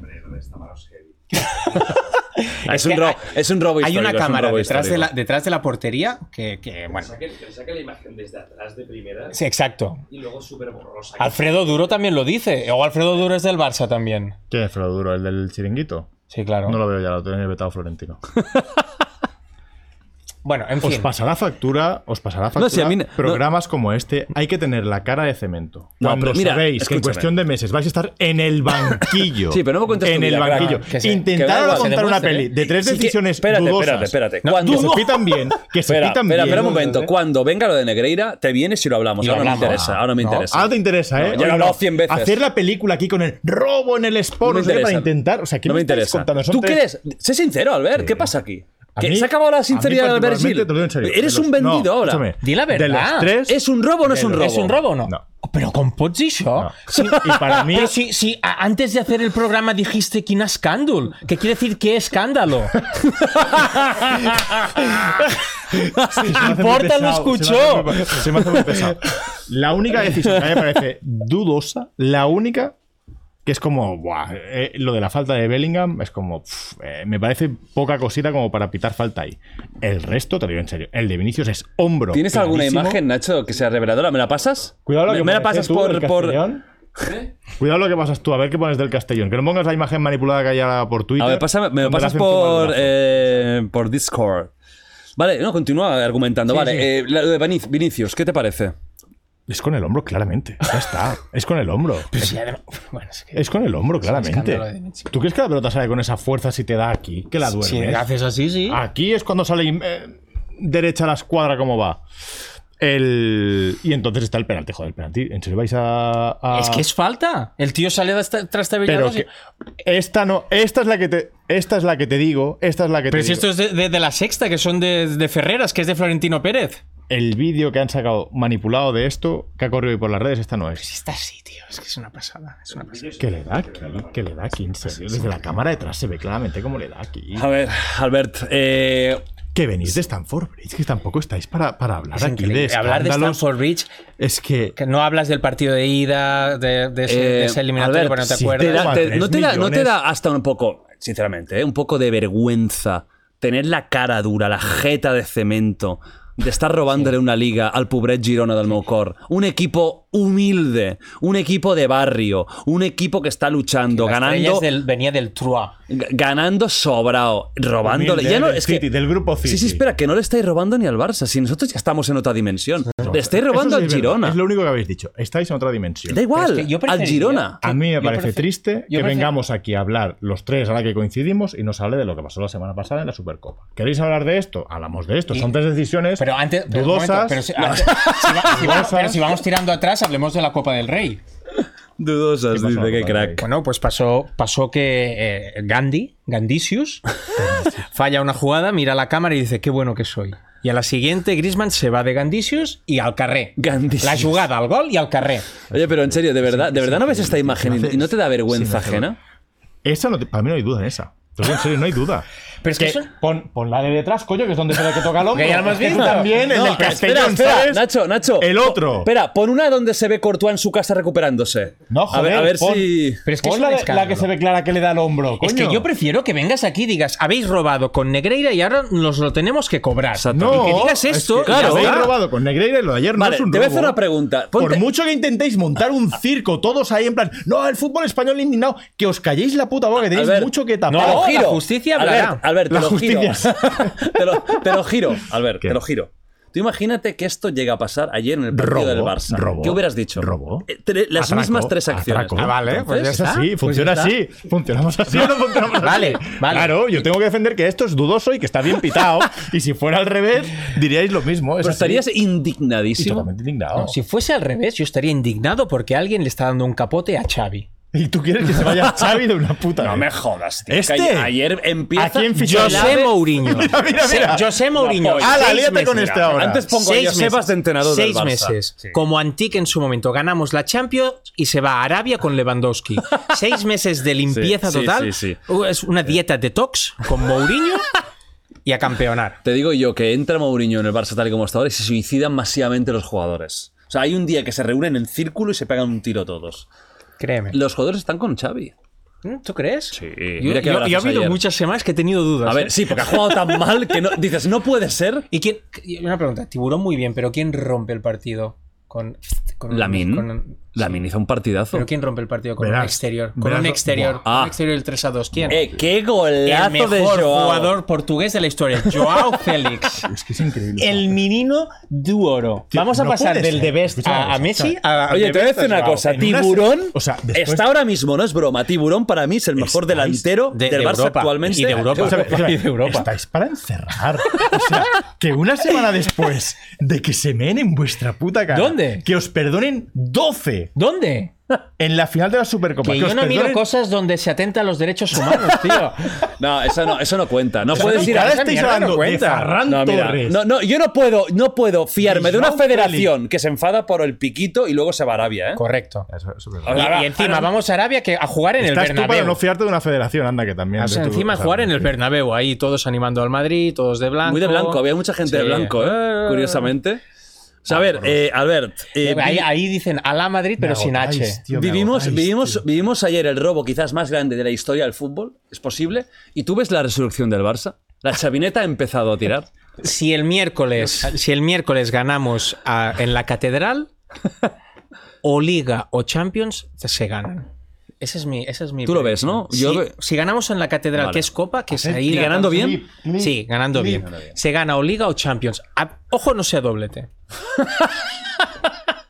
[SPEAKER 1] es, un
[SPEAKER 3] que
[SPEAKER 1] robo,
[SPEAKER 3] hay-
[SPEAKER 1] es un robo
[SPEAKER 3] Hay
[SPEAKER 1] histórico,
[SPEAKER 3] una
[SPEAKER 1] es un
[SPEAKER 3] cámara
[SPEAKER 1] robo
[SPEAKER 3] detrás de,
[SPEAKER 1] histórico.
[SPEAKER 3] la, detrás de la portería que, que, bueno.
[SPEAKER 9] Saca, que le saca la imagen desde atrás de primera
[SPEAKER 3] Sí, exacto.
[SPEAKER 9] y luego súper borrosa.
[SPEAKER 3] Alfredo Duro también lo dice. O Alfredo Duro es del Barça también.
[SPEAKER 2] ¿Qué es Frodo Duro? ¿El del chiringuito?
[SPEAKER 3] Sí, claro.
[SPEAKER 2] No lo veo ya, lo tiene vetado Florentino.
[SPEAKER 3] Bueno, en
[SPEAKER 2] Os
[SPEAKER 1] Pues
[SPEAKER 3] fin.
[SPEAKER 2] pasará factura, os pasará factura.
[SPEAKER 1] No, si a mí no-
[SPEAKER 2] programas como este hay que tener la cara de cemento.
[SPEAKER 1] No,
[SPEAKER 2] Cuando
[SPEAKER 1] pero mira,
[SPEAKER 2] sabéis que
[SPEAKER 1] escúchame.
[SPEAKER 2] en cuestión de meses vais a estar en el banquillo.
[SPEAKER 1] Sí, pero no me cuentes tu
[SPEAKER 2] En
[SPEAKER 1] vida,
[SPEAKER 2] el
[SPEAKER 1] crack.
[SPEAKER 2] banquillo.
[SPEAKER 3] Que se-
[SPEAKER 1] que da igual,
[SPEAKER 2] Intentar
[SPEAKER 1] se
[SPEAKER 2] contar una
[SPEAKER 3] demuestre,
[SPEAKER 2] peli
[SPEAKER 3] ¿eh?
[SPEAKER 2] de tres
[SPEAKER 1] Sí que-
[SPEAKER 2] decisiones
[SPEAKER 1] espérate,
[SPEAKER 2] dudosas.
[SPEAKER 1] espérate, espérate.
[SPEAKER 2] No,
[SPEAKER 1] Cuando-
[SPEAKER 2] que se pitan bien, que se
[SPEAKER 1] Espera, espera,
[SPEAKER 2] pitan bien.
[SPEAKER 1] espera un
[SPEAKER 2] ¿eh?
[SPEAKER 1] momento. Cuando venga lo de Negreira, te vienes y lo hablamos.
[SPEAKER 3] Y lo
[SPEAKER 1] ahora me
[SPEAKER 3] hablamos.
[SPEAKER 1] interesa, ahora me
[SPEAKER 3] No.
[SPEAKER 1] interesa.
[SPEAKER 2] Ahora te interesa,
[SPEAKER 1] No, ya
[SPEAKER 2] ¿eh?
[SPEAKER 1] lo he
[SPEAKER 2] Oye,
[SPEAKER 1] hablado
[SPEAKER 2] no,
[SPEAKER 1] 100 veces.
[SPEAKER 2] Hacer la película aquí con el robo en el
[SPEAKER 1] No
[SPEAKER 2] sport,
[SPEAKER 1] me
[SPEAKER 2] no sé qué, para
[SPEAKER 1] interesa.
[SPEAKER 2] intentar. O sea, ¿qué
[SPEAKER 1] no me
[SPEAKER 2] estáis
[SPEAKER 1] interesa.
[SPEAKER 2] contando? Son
[SPEAKER 1] ¿Tú
[SPEAKER 2] tres-
[SPEAKER 1] crees? Sé sincero, Albert, ¿qué pasa aquí?
[SPEAKER 2] A
[SPEAKER 1] Que
[SPEAKER 2] mí-
[SPEAKER 1] se ha acabado
[SPEAKER 2] a
[SPEAKER 1] la
[SPEAKER 2] mí
[SPEAKER 1] sinceridad de Albert
[SPEAKER 2] particularmente,
[SPEAKER 1] Gil.
[SPEAKER 2] te lo digo en serio,
[SPEAKER 1] Eres
[SPEAKER 2] de los-
[SPEAKER 1] un vendido
[SPEAKER 2] no,
[SPEAKER 1] ahora.
[SPEAKER 2] escúchame,
[SPEAKER 3] Di la
[SPEAKER 2] De los
[SPEAKER 3] verdad.
[SPEAKER 2] tres,
[SPEAKER 1] ¿Es un robo o no es un robo?
[SPEAKER 3] ¿Es un robo o no?
[SPEAKER 2] No.
[SPEAKER 3] Pero con Pots y això?
[SPEAKER 2] No. Y para mí-
[SPEAKER 3] Pero si, si a- antes de hacer el programa dijiste quin escándalo. ¿Qué quiere decir qué escándalo? Porta lo escuchó.
[SPEAKER 2] Se me hace muy pesado. La única decisión que a mí me parece dudosa, la única que es como, buah, eh, lo de la falta de Bellingham es como, pf, eh, me parece poca cosita como para pitar falta ahí. El resto, te lo digo en serio, el de Vinicius es hombro.
[SPEAKER 1] ¿Tienes alguna
[SPEAKER 2] clarísimo.
[SPEAKER 1] imagen, Nacho, que sea reveladora? ¿Me la pasas?
[SPEAKER 2] Cuidado lo
[SPEAKER 1] ¿Me,
[SPEAKER 2] que
[SPEAKER 1] me la
[SPEAKER 2] parece
[SPEAKER 1] pasas
[SPEAKER 2] tú,
[SPEAKER 1] por,
[SPEAKER 2] el
[SPEAKER 1] por-
[SPEAKER 2] Castellón.
[SPEAKER 5] ¿Eh?
[SPEAKER 2] Cuidado lo que pasas tú, a ver qué pones del Castellón. Que no pongas la imagen manipulada que hay ahora por Twitter.
[SPEAKER 1] A ver, pásame- me lo
[SPEAKER 2] Te
[SPEAKER 1] pasas
[SPEAKER 2] das encima del
[SPEAKER 1] por,
[SPEAKER 2] brazo.
[SPEAKER 1] eh, por Discord. Vale, no, continúa argumentando. vale, eh, la- lo de Vinic- Vinicius, ¿qué te parece?
[SPEAKER 2] Es con el hombro, claramente. Ya está. Es con el hombro.
[SPEAKER 3] Pues Bueno, es que
[SPEAKER 2] Es con el hombro, claramente.
[SPEAKER 3] escándalo de Nietzsche.
[SPEAKER 2] ¿Tú crees que la pelota sale con esa fuerza si te da aquí? Que la duermes.
[SPEAKER 3] si haces así, sí.
[SPEAKER 2] Aquí es cuando sale eh, derecha la escuadra como va. El... Y entonces está el penalti, joder, el penalti. ¿En serio vais a...? a-
[SPEAKER 3] Es que es falta. El tío sale hasta-
[SPEAKER 2] Pero
[SPEAKER 3] trastabillado.
[SPEAKER 2] que... Esta no... Esta es la que te... Esta es la que te digo. Esta es la que
[SPEAKER 3] Pero
[SPEAKER 2] te
[SPEAKER 3] si
[SPEAKER 2] digo.
[SPEAKER 3] esto es de, de- de la sexta, que son de, de Ferreras, que es de Florentino Pérez.
[SPEAKER 2] El vídeo que han sacado manipulado de esto, que ha corrido hoy por las redes, esta no es.
[SPEAKER 3] Está así, tío. Es que es una pasada. Es una pasada.
[SPEAKER 2] ¿Qué le da aquí? ¿Qué le da aquí? En serio, desde la cámara detrás se ve claramente cómo le da aquí.
[SPEAKER 1] A ver, Albert, eh,
[SPEAKER 2] Que venís de Stanford Bridge, que tampoco estáis para, para hablar
[SPEAKER 3] Es
[SPEAKER 2] aquí de
[SPEAKER 3] increíble. Hablar de
[SPEAKER 2] escándalos.
[SPEAKER 3] Stanford Bridge,
[SPEAKER 2] Es que...
[SPEAKER 3] que no hablas del partido de ida, de, de ese, de
[SPEAKER 1] eh,
[SPEAKER 3] ese eliminatoria,
[SPEAKER 1] Albert,
[SPEAKER 3] pero no te
[SPEAKER 2] si te
[SPEAKER 3] acuerdas.
[SPEAKER 1] da-
[SPEAKER 2] Toma,
[SPEAKER 1] te-
[SPEAKER 2] tres
[SPEAKER 1] no, te da, no te
[SPEAKER 2] millones.
[SPEAKER 1] da hasta un poco, sinceramente, eh, un poco de vergüenza tener la cara dura, la jeta de cemento, de estar robándole una liga al Pobret Girona del Moucor. Un equipo humilde, un equipo de barrio, un equipo que está luchando,
[SPEAKER 3] Las
[SPEAKER 1] ganando,
[SPEAKER 3] estrellas del- venía del Troyes.
[SPEAKER 1] g- ganando sobrao, robándole.
[SPEAKER 2] Humilde,
[SPEAKER 1] Ya no-
[SPEAKER 2] del
[SPEAKER 1] es que-
[SPEAKER 2] City, del grupo City.
[SPEAKER 1] Sí, sí, espera, que no le estáis robando ni al Barça, si nosotros ya estamos en otra dimensión. Le estáis
[SPEAKER 2] Eso
[SPEAKER 1] robando
[SPEAKER 2] sí
[SPEAKER 1] al
[SPEAKER 2] es verdad,
[SPEAKER 1] Girona.
[SPEAKER 2] Es lo único que habéis dicho. Estáis en otra dimensión.
[SPEAKER 1] Da igual,
[SPEAKER 3] Pero es que yo
[SPEAKER 1] al
[SPEAKER 3] preferiría-
[SPEAKER 1] Girona.
[SPEAKER 2] A mí me
[SPEAKER 3] Yo
[SPEAKER 2] parece
[SPEAKER 3] prefe-
[SPEAKER 2] triste que
[SPEAKER 3] yo prefe-
[SPEAKER 2] vengamos aquí a hablar los tres ahora que coincidimos y nos hable de lo que pasó la semana pasada en la Supercopa. ¿Queréis hablar de esto? Hablamos de esto. Son tres decisiones
[SPEAKER 3] Pero antes. pero un momento,
[SPEAKER 2] dudosas.
[SPEAKER 3] pero si- antes- si va- si vamos-
[SPEAKER 2] Dudosas.
[SPEAKER 3] pero si vamos tirando atrás, hablemos de la Copa del Rey.
[SPEAKER 2] Ah,
[SPEAKER 1] Dudosas,
[SPEAKER 2] pasó,
[SPEAKER 1] dice que
[SPEAKER 2] Albert?
[SPEAKER 1] crack.
[SPEAKER 3] Bueno, pues pasó, pasó que eh, Gandhi, Gandisius, falla una jugada, mira la cámara y dice, qué bueno que soy. Y a la siguiente, Grisman se va de Gandisius y al carré.
[SPEAKER 1] Gandisius.
[SPEAKER 3] La jugada al gol y al carré.
[SPEAKER 1] Oye, pero en serio, de verdad, de verdad no ves esta imagen y- y no te da vergüenza ajena.
[SPEAKER 2] Esa no te- para mí no hay duda en esa. Te lo digo en serio, no hay duda.
[SPEAKER 3] Pero es que eso-
[SPEAKER 2] pon, pon la de detrás, coño, que es donde se ve que toca el hombro.
[SPEAKER 3] Que ya lo hemos
[SPEAKER 2] Es que
[SPEAKER 3] visto.
[SPEAKER 2] También el
[SPEAKER 1] No,
[SPEAKER 2] del
[SPEAKER 1] espera,
[SPEAKER 2] Castellón,
[SPEAKER 1] espera,
[SPEAKER 2] ¿sabes?
[SPEAKER 1] Nacho, Nacho.
[SPEAKER 2] El otro.
[SPEAKER 1] Espera, pon una donde se ve Courtois en su casa recuperándose.
[SPEAKER 2] No,
[SPEAKER 1] a ver,
[SPEAKER 2] joder,
[SPEAKER 1] a ver
[SPEAKER 2] pon-
[SPEAKER 1] si.
[SPEAKER 3] Pero es que
[SPEAKER 2] Pon
[SPEAKER 3] es
[SPEAKER 2] la,
[SPEAKER 3] un
[SPEAKER 2] de- la que
[SPEAKER 3] escándalo.
[SPEAKER 2] se ve clara que le da el hombro, coño.
[SPEAKER 3] Es que yo prefiero que vengas aquí y digas, habéis robado con Negreira y ahora nos lo tenemos que cobrar.
[SPEAKER 1] Exacto.
[SPEAKER 2] No,
[SPEAKER 3] Y que digas esto,
[SPEAKER 2] es que
[SPEAKER 1] claro.
[SPEAKER 2] habéis
[SPEAKER 1] está.
[SPEAKER 2] robado con Negreira y lo de ayer no
[SPEAKER 1] Vale,
[SPEAKER 2] es un
[SPEAKER 1] te voy a hacer
[SPEAKER 2] robo.
[SPEAKER 1] una pregunta. Ah. Ponte-
[SPEAKER 2] Por mucho que intentéis montar un circo, todos ahí en plan, no, el fútbol español indignado, que os calléis la puta boca, que tenéis
[SPEAKER 1] Albert,
[SPEAKER 2] mucho que tapar.
[SPEAKER 1] te lo
[SPEAKER 3] No, la
[SPEAKER 1] giro.
[SPEAKER 3] justicia
[SPEAKER 1] Albert,
[SPEAKER 3] hablará.
[SPEAKER 1] Albert, te
[SPEAKER 2] La
[SPEAKER 1] lo
[SPEAKER 2] justicia.
[SPEAKER 1] giro. te, lo, te lo giro, Albert,
[SPEAKER 2] ¿Qué?
[SPEAKER 1] te lo giro. Tú imagínate que esto llega a pasar ayer en el partido
[SPEAKER 2] Robo,
[SPEAKER 1] del Barça.
[SPEAKER 2] robo,
[SPEAKER 1] ¿Qué hubieras dicho?
[SPEAKER 2] robo.
[SPEAKER 1] Eh, tre- las
[SPEAKER 2] Atraco,
[SPEAKER 1] mismas tres acciones.
[SPEAKER 2] atraco.
[SPEAKER 3] Ah, vale, pues ya
[SPEAKER 2] es
[SPEAKER 3] está.
[SPEAKER 2] así,
[SPEAKER 3] Pues
[SPEAKER 2] funciona
[SPEAKER 3] ya
[SPEAKER 2] así. Funcionamos así o no funcionamos así.
[SPEAKER 3] Vale, vale.
[SPEAKER 2] Claro, yo tengo que defender que esto es dudoso y que está bien pitado. y si fuera al revés, diríais lo mismo. Es
[SPEAKER 1] Pero
[SPEAKER 2] así.
[SPEAKER 1] estarías
[SPEAKER 2] Y
[SPEAKER 1] indignadísimo.
[SPEAKER 2] totalmente indignado.
[SPEAKER 3] No, si fuese al revés, yo estaría indignado porque alguien le está dando un capote a Xavi.
[SPEAKER 2] Y tú quieres que se vaya Xavi de una puta.
[SPEAKER 1] No
[SPEAKER 2] vez.
[SPEAKER 1] me jodas, tío.
[SPEAKER 2] Este.
[SPEAKER 1] Que ayer- Ayer empieza.
[SPEAKER 2] ¿A quién fichó?
[SPEAKER 1] Yo sé,
[SPEAKER 3] José
[SPEAKER 1] Mo-
[SPEAKER 3] Mourinho.
[SPEAKER 2] Mira, mira,
[SPEAKER 3] Se-
[SPEAKER 2] mira.
[SPEAKER 3] José Mourinho.
[SPEAKER 1] La polla.
[SPEAKER 2] ¡Hala,
[SPEAKER 3] seis
[SPEAKER 2] líate con
[SPEAKER 3] meses.
[SPEAKER 2] este ahora!
[SPEAKER 1] Antes pongo a
[SPEAKER 3] Seis
[SPEAKER 1] Josebas
[SPEAKER 3] meses.
[SPEAKER 1] de entrenador
[SPEAKER 3] Seis
[SPEAKER 1] del Barça.
[SPEAKER 3] meses.
[SPEAKER 1] Sí.
[SPEAKER 3] Como Antic en su momento. Ganamos la Champions y se va a Arabia con Lewandowski. Seis meses de limpieza
[SPEAKER 1] Sí, sí, sí,
[SPEAKER 3] total.
[SPEAKER 1] sí.
[SPEAKER 3] Uh, Es una dieta detox con Mourinho y a campeonar.
[SPEAKER 1] Te digo yo que entra Mourinho en el Barça tal y como está ahora y se suicidan masivamente los jugadores. O sea, hay un día que se reúnen en círculo y se pegan un tiro todos.
[SPEAKER 3] Créeme.
[SPEAKER 1] Los jugadores están con Xavi.
[SPEAKER 3] ¿Mm? ¿Tú crees?
[SPEAKER 1] Sí,
[SPEAKER 3] Yo,
[SPEAKER 1] mira qué
[SPEAKER 3] yo- yo he
[SPEAKER 1] abrazos
[SPEAKER 3] habido
[SPEAKER 1] ayer.
[SPEAKER 3] muchas semanas que he tenido dudas.
[SPEAKER 1] A
[SPEAKER 3] ¿eh?
[SPEAKER 1] ver, sí, porque ha jugado tan mal que no, dices, no puede ser.
[SPEAKER 3] ¿Y quién? y Una pregunta. Tiburón muy bien, pero ¿quién rompe el partido? Con. con
[SPEAKER 1] Lamin.
[SPEAKER 3] con-
[SPEAKER 1] Lamin hizo un partidazo.
[SPEAKER 3] ¿Pero quién rompe el partido con
[SPEAKER 2] Verás,
[SPEAKER 3] un exterior? Con
[SPEAKER 2] verás
[SPEAKER 3] un
[SPEAKER 2] lo-
[SPEAKER 3] exterior.
[SPEAKER 1] Ah.
[SPEAKER 3] Con un exterior del 3 a 2. ¿Quién?
[SPEAKER 1] Eh, qué
[SPEAKER 3] el
[SPEAKER 1] golazo
[SPEAKER 3] mejor
[SPEAKER 1] de Joao.
[SPEAKER 3] jugador portugués de la historia, Joao Félix.
[SPEAKER 2] Es que es increíble.
[SPEAKER 3] El menino du oro.
[SPEAKER 2] Tío,
[SPEAKER 3] Vamos a
[SPEAKER 2] no
[SPEAKER 3] pasar
[SPEAKER 2] puede
[SPEAKER 3] del
[SPEAKER 2] ser.
[SPEAKER 3] de best
[SPEAKER 2] Escucha una
[SPEAKER 3] a, a
[SPEAKER 2] cosa,
[SPEAKER 3] Messi
[SPEAKER 2] escucha.
[SPEAKER 3] a.
[SPEAKER 1] Oye, te
[SPEAKER 3] de
[SPEAKER 1] voy a
[SPEAKER 3] best
[SPEAKER 1] decir una
[SPEAKER 3] Joao.
[SPEAKER 1] cosa.
[SPEAKER 2] en una
[SPEAKER 1] Tiburón
[SPEAKER 2] se- o sea, después-
[SPEAKER 1] está ahora mismo, no es broma. Tiburón para mí es el mejor
[SPEAKER 2] Estáis
[SPEAKER 1] delantero
[SPEAKER 3] de-
[SPEAKER 1] del
[SPEAKER 3] de
[SPEAKER 1] Barça
[SPEAKER 3] Europa.
[SPEAKER 1] actualmente.
[SPEAKER 3] Y de Europa.
[SPEAKER 2] Escúchame, escúchame,
[SPEAKER 3] Y de Europa.
[SPEAKER 2] Estáis para encerrar. O sea, que una semana después de que se meen en vuestra puta cara.
[SPEAKER 3] ¿Dónde?
[SPEAKER 2] Que os perdonen 12
[SPEAKER 3] ¿Dónde?
[SPEAKER 2] en la final de la Supercopa.
[SPEAKER 3] Que
[SPEAKER 2] os
[SPEAKER 3] yo no miro
[SPEAKER 2] perdonen-
[SPEAKER 3] cosas donde se atenta a los derechos humanos, tío.
[SPEAKER 1] No, eso no, eso no cuenta. No
[SPEAKER 2] Puedes
[SPEAKER 1] puedes
[SPEAKER 2] decir,
[SPEAKER 1] ir a
[SPEAKER 2] ahora
[SPEAKER 3] esa
[SPEAKER 2] estáis
[SPEAKER 3] mierda
[SPEAKER 2] hablando
[SPEAKER 3] no
[SPEAKER 2] de
[SPEAKER 3] cuenta.
[SPEAKER 2] Ferran
[SPEAKER 1] No, mira,
[SPEAKER 2] Torres.
[SPEAKER 1] no, no, yo no puedo, no puedo fiarme de una
[SPEAKER 2] Joao Félix.
[SPEAKER 1] federación que se enfada por el piquito y luego se va a Arabia, ¿eh?
[SPEAKER 3] Correcto.
[SPEAKER 2] Eso- eso es verdad.
[SPEAKER 1] Ahora,
[SPEAKER 3] Y, y
[SPEAKER 1] ahora-
[SPEAKER 3] encima vamos a Arabia que a jugar en el
[SPEAKER 2] Estás tú
[SPEAKER 3] Bernabéu.
[SPEAKER 2] para no fiarte de una federación, anda, que también.
[SPEAKER 3] O sea,
[SPEAKER 2] tú-
[SPEAKER 3] encima
[SPEAKER 2] o sea,
[SPEAKER 3] jugar en el Bernabéu, ahí todos animando al Madrid, todos de blanco.
[SPEAKER 1] Muy de blanco, había mucha gente de
[SPEAKER 3] Sí.
[SPEAKER 1] blanco, ¿eh? Curiosamente. O sea, a ver, eh, Albert, eh, vi-
[SPEAKER 3] Ahí, ahí dicen a la Madrid, pero
[SPEAKER 2] me
[SPEAKER 3] sin H.
[SPEAKER 2] agotáis, tío, me
[SPEAKER 1] vivimos,
[SPEAKER 2] agotáis,
[SPEAKER 1] vivimos,
[SPEAKER 2] tío.
[SPEAKER 1] vivimos ayer el robo quizás más grande de la historia del fútbol, es posible, y tú ves la resurrección del Barça. La chavineta ha empezado a tirar.
[SPEAKER 3] Si el miércoles, si el miércoles ganamos a- en la catedral, o Liga o Champions, se ganan. Ese es mi, ese es mi
[SPEAKER 1] Tú lo ves,
[SPEAKER 3] predicción.
[SPEAKER 1] ¿no? Yo
[SPEAKER 3] si,
[SPEAKER 1] ve-
[SPEAKER 3] si ganamos en la catedral,
[SPEAKER 1] Vale.
[SPEAKER 3] que es Copa, que es ahí...
[SPEAKER 1] ¿Y
[SPEAKER 3] la-
[SPEAKER 1] ganando bien?
[SPEAKER 3] Sí, ganando bien. Se gana o Liga o Champions. A- ojo, no sea doblete.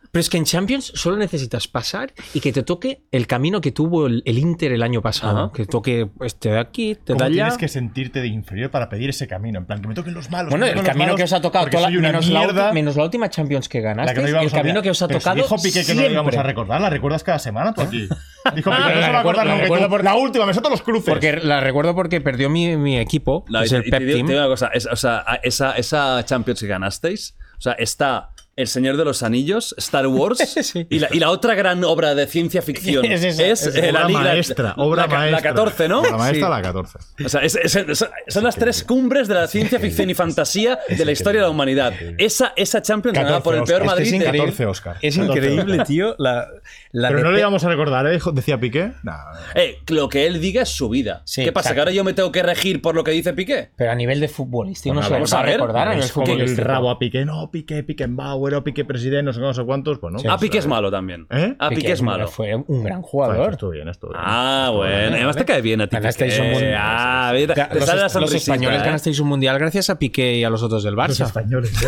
[SPEAKER 3] Pero es que en Champions solo necesitas pasar y que te toque el camino que tuvo el, el Inter el año pasado.
[SPEAKER 1] Ajá.
[SPEAKER 3] Que toque este de aquí, te
[SPEAKER 2] Como
[SPEAKER 3] da allá.
[SPEAKER 2] tienes que sentirte de inferior para pedir ese camino. En plan, que me toquen los malos.
[SPEAKER 3] Bueno,
[SPEAKER 2] que me toquen
[SPEAKER 3] el
[SPEAKER 2] los
[SPEAKER 3] camino
[SPEAKER 2] malos,
[SPEAKER 3] que os ha tocado,
[SPEAKER 2] porque
[SPEAKER 3] toda la-
[SPEAKER 2] soy una
[SPEAKER 3] menos, la,
[SPEAKER 2] mierda.
[SPEAKER 3] ulti- menos la última Champions que
[SPEAKER 2] La que
[SPEAKER 3] ganaste,
[SPEAKER 2] no íbamos
[SPEAKER 3] el
[SPEAKER 2] a olvidar.
[SPEAKER 3] camino que os ha
[SPEAKER 2] Pero si
[SPEAKER 3] tocado.
[SPEAKER 2] dijo Piqué que no lo íbamos a
[SPEAKER 3] siempre.
[SPEAKER 2] recordar, la recuerdas cada semana tú aquí. Dijo Piqué
[SPEAKER 3] Ah,
[SPEAKER 2] que no se va
[SPEAKER 3] la
[SPEAKER 2] a
[SPEAKER 3] recuerdo-
[SPEAKER 2] acordar
[SPEAKER 3] la
[SPEAKER 2] nunca,
[SPEAKER 3] recuerdo
[SPEAKER 2] tú,
[SPEAKER 3] por-
[SPEAKER 2] La última, me salto los cruces.
[SPEAKER 3] Porque la recuerdo porque perdió mi, mi equipo,
[SPEAKER 1] No, y
[SPEAKER 3] que es
[SPEAKER 1] te-
[SPEAKER 3] el
[SPEAKER 1] y
[SPEAKER 3] Pep
[SPEAKER 1] te digo-
[SPEAKER 3] Team.
[SPEAKER 1] te digo una cosa, es- o sea, a- esa, esa Champions que ganasteis, o sea, está El Señor de los Anillos, Star Wars,
[SPEAKER 3] Sí.
[SPEAKER 1] y, la, y la otra gran obra de ciencia ficción
[SPEAKER 3] Es
[SPEAKER 1] es,
[SPEAKER 3] esa, es
[SPEAKER 1] eh, la
[SPEAKER 2] obra
[SPEAKER 1] Liga-
[SPEAKER 2] maestra, obra
[SPEAKER 1] la, ca-
[SPEAKER 2] maestra.
[SPEAKER 1] La 14, ¿no?
[SPEAKER 2] La maestra, la 14.
[SPEAKER 1] O sea, es- es- es- son las tres cumbres de la ciencia ficción y fantasía de la historia de la humanidad. Esa, esa Champions ganada por el peor
[SPEAKER 2] Oscar, es
[SPEAKER 1] Madrid. ¿eh?
[SPEAKER 2] que Este es
[SPEAKER 1] de-
[SPEAKER 2] 14 Oscar.
[SPEAKER 3] Es increíble, tío. La, la
[SPEAKER 2] Pero
[SPEAKER 3] de
[SPEAKER 2] no le
[SPEAKER 3] Pep-
[SPEAKER 2] íbamos a recordar, ¿eh? Dijo- decía Piqué. Nah,
[SPEAKER 1] Eh, lo que él diga es su vida.
[SPEAKER 3] Sí,
[SPEAKER 1] ¿Qué pasa?
[SPEAKER 3] exacto.
[SPEAKER 1] ¿Que ahora yo me tengo que regir por lo que dice Piqué?
[SPEAKER 3] Pero a nivel de futbolista, no
[SPEAKER 2] Bueno,
[SPEAKER 3] se le
[SPEAKER 1] vamos
[SPEAKER 3] va
[SPEAKER 1] a
[SPEAKER 3] a
[SPEAKER 1] ver.
[SPEAKER 3] recordar a nivel
[SPEAKER 2] es como el
[SPEAKER 3] futbolístico.
[SPEAKER 2] rabo a Piqué. No, Piqué, Piquenbauer, o Piqué presidente, no sé cómo, no sé cuántos. Bueno, pues,
[SPEAKER 1] Ah, Piqué es malo también.
[SPEAKER 2] ¿Eh?
[SPEAKER 1] Ah, Piqué es malo.
[SPEAKER 3] Fue un
[SPEAKER 2] Bueno,
[SPEAKER 3] gran jugador.
[SPEAKER 2] estuvo bien, estuvo bien.
[SPEAKER 1] Ah, bueno. Además te cae bien a ti.
[SPEAKER 3] Ganasteis
[SPEAKER 1] Piqué.
[SPEAKER 3] un mundial.
[SPEAKER 1] Ah, bien.
[SPEAKER 3] Ya,
[SPEAKER 1] Te
[SPEAKER 3] los,
[SPEAKER 1] sale la
[SPEAKER 3] los
[SPEAKER 1] sonrisita,
[SPEAKER 3] españoles
[SPEAKER 1] ¿eh?
[SPEAKER 3] ganasteis un mundial gracias a Piqué y a los otros del
[SPEAKER 2] Los
[SPEAKER 3] Barça.
[SPEAKER 2] españoles, ¿eh?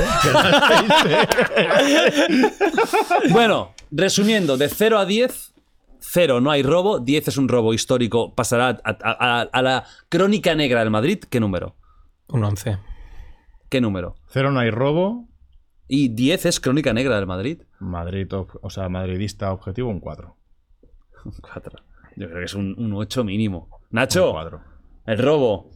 [SPEAKER 2] Ganasteis, ¿eh?
[SPEAKER 1] Bueno, resumiendo, de 0 a 10, 0 no hay robo, 10 es un robo histórico, pasará a, a- a- a la crónica negra del Madrid. ¿Qué número?
[SPEAKER 3] Un 11.
[SPEAKER 1] ¿Qué número?
[SPEAKER 2] Cero no hay robo.
[SPEAKER 1] Y 10 es crónica negra del Madrid.
[SPEAKER 2] Madrid, ob- o sea, madridista objetivo, un 4.
[SPEAKER 1] 4. Yo creo que es un, 8 mínimo. Nacho,
[SPEAKER 2] 4.
[SPEAKER 1] el robo.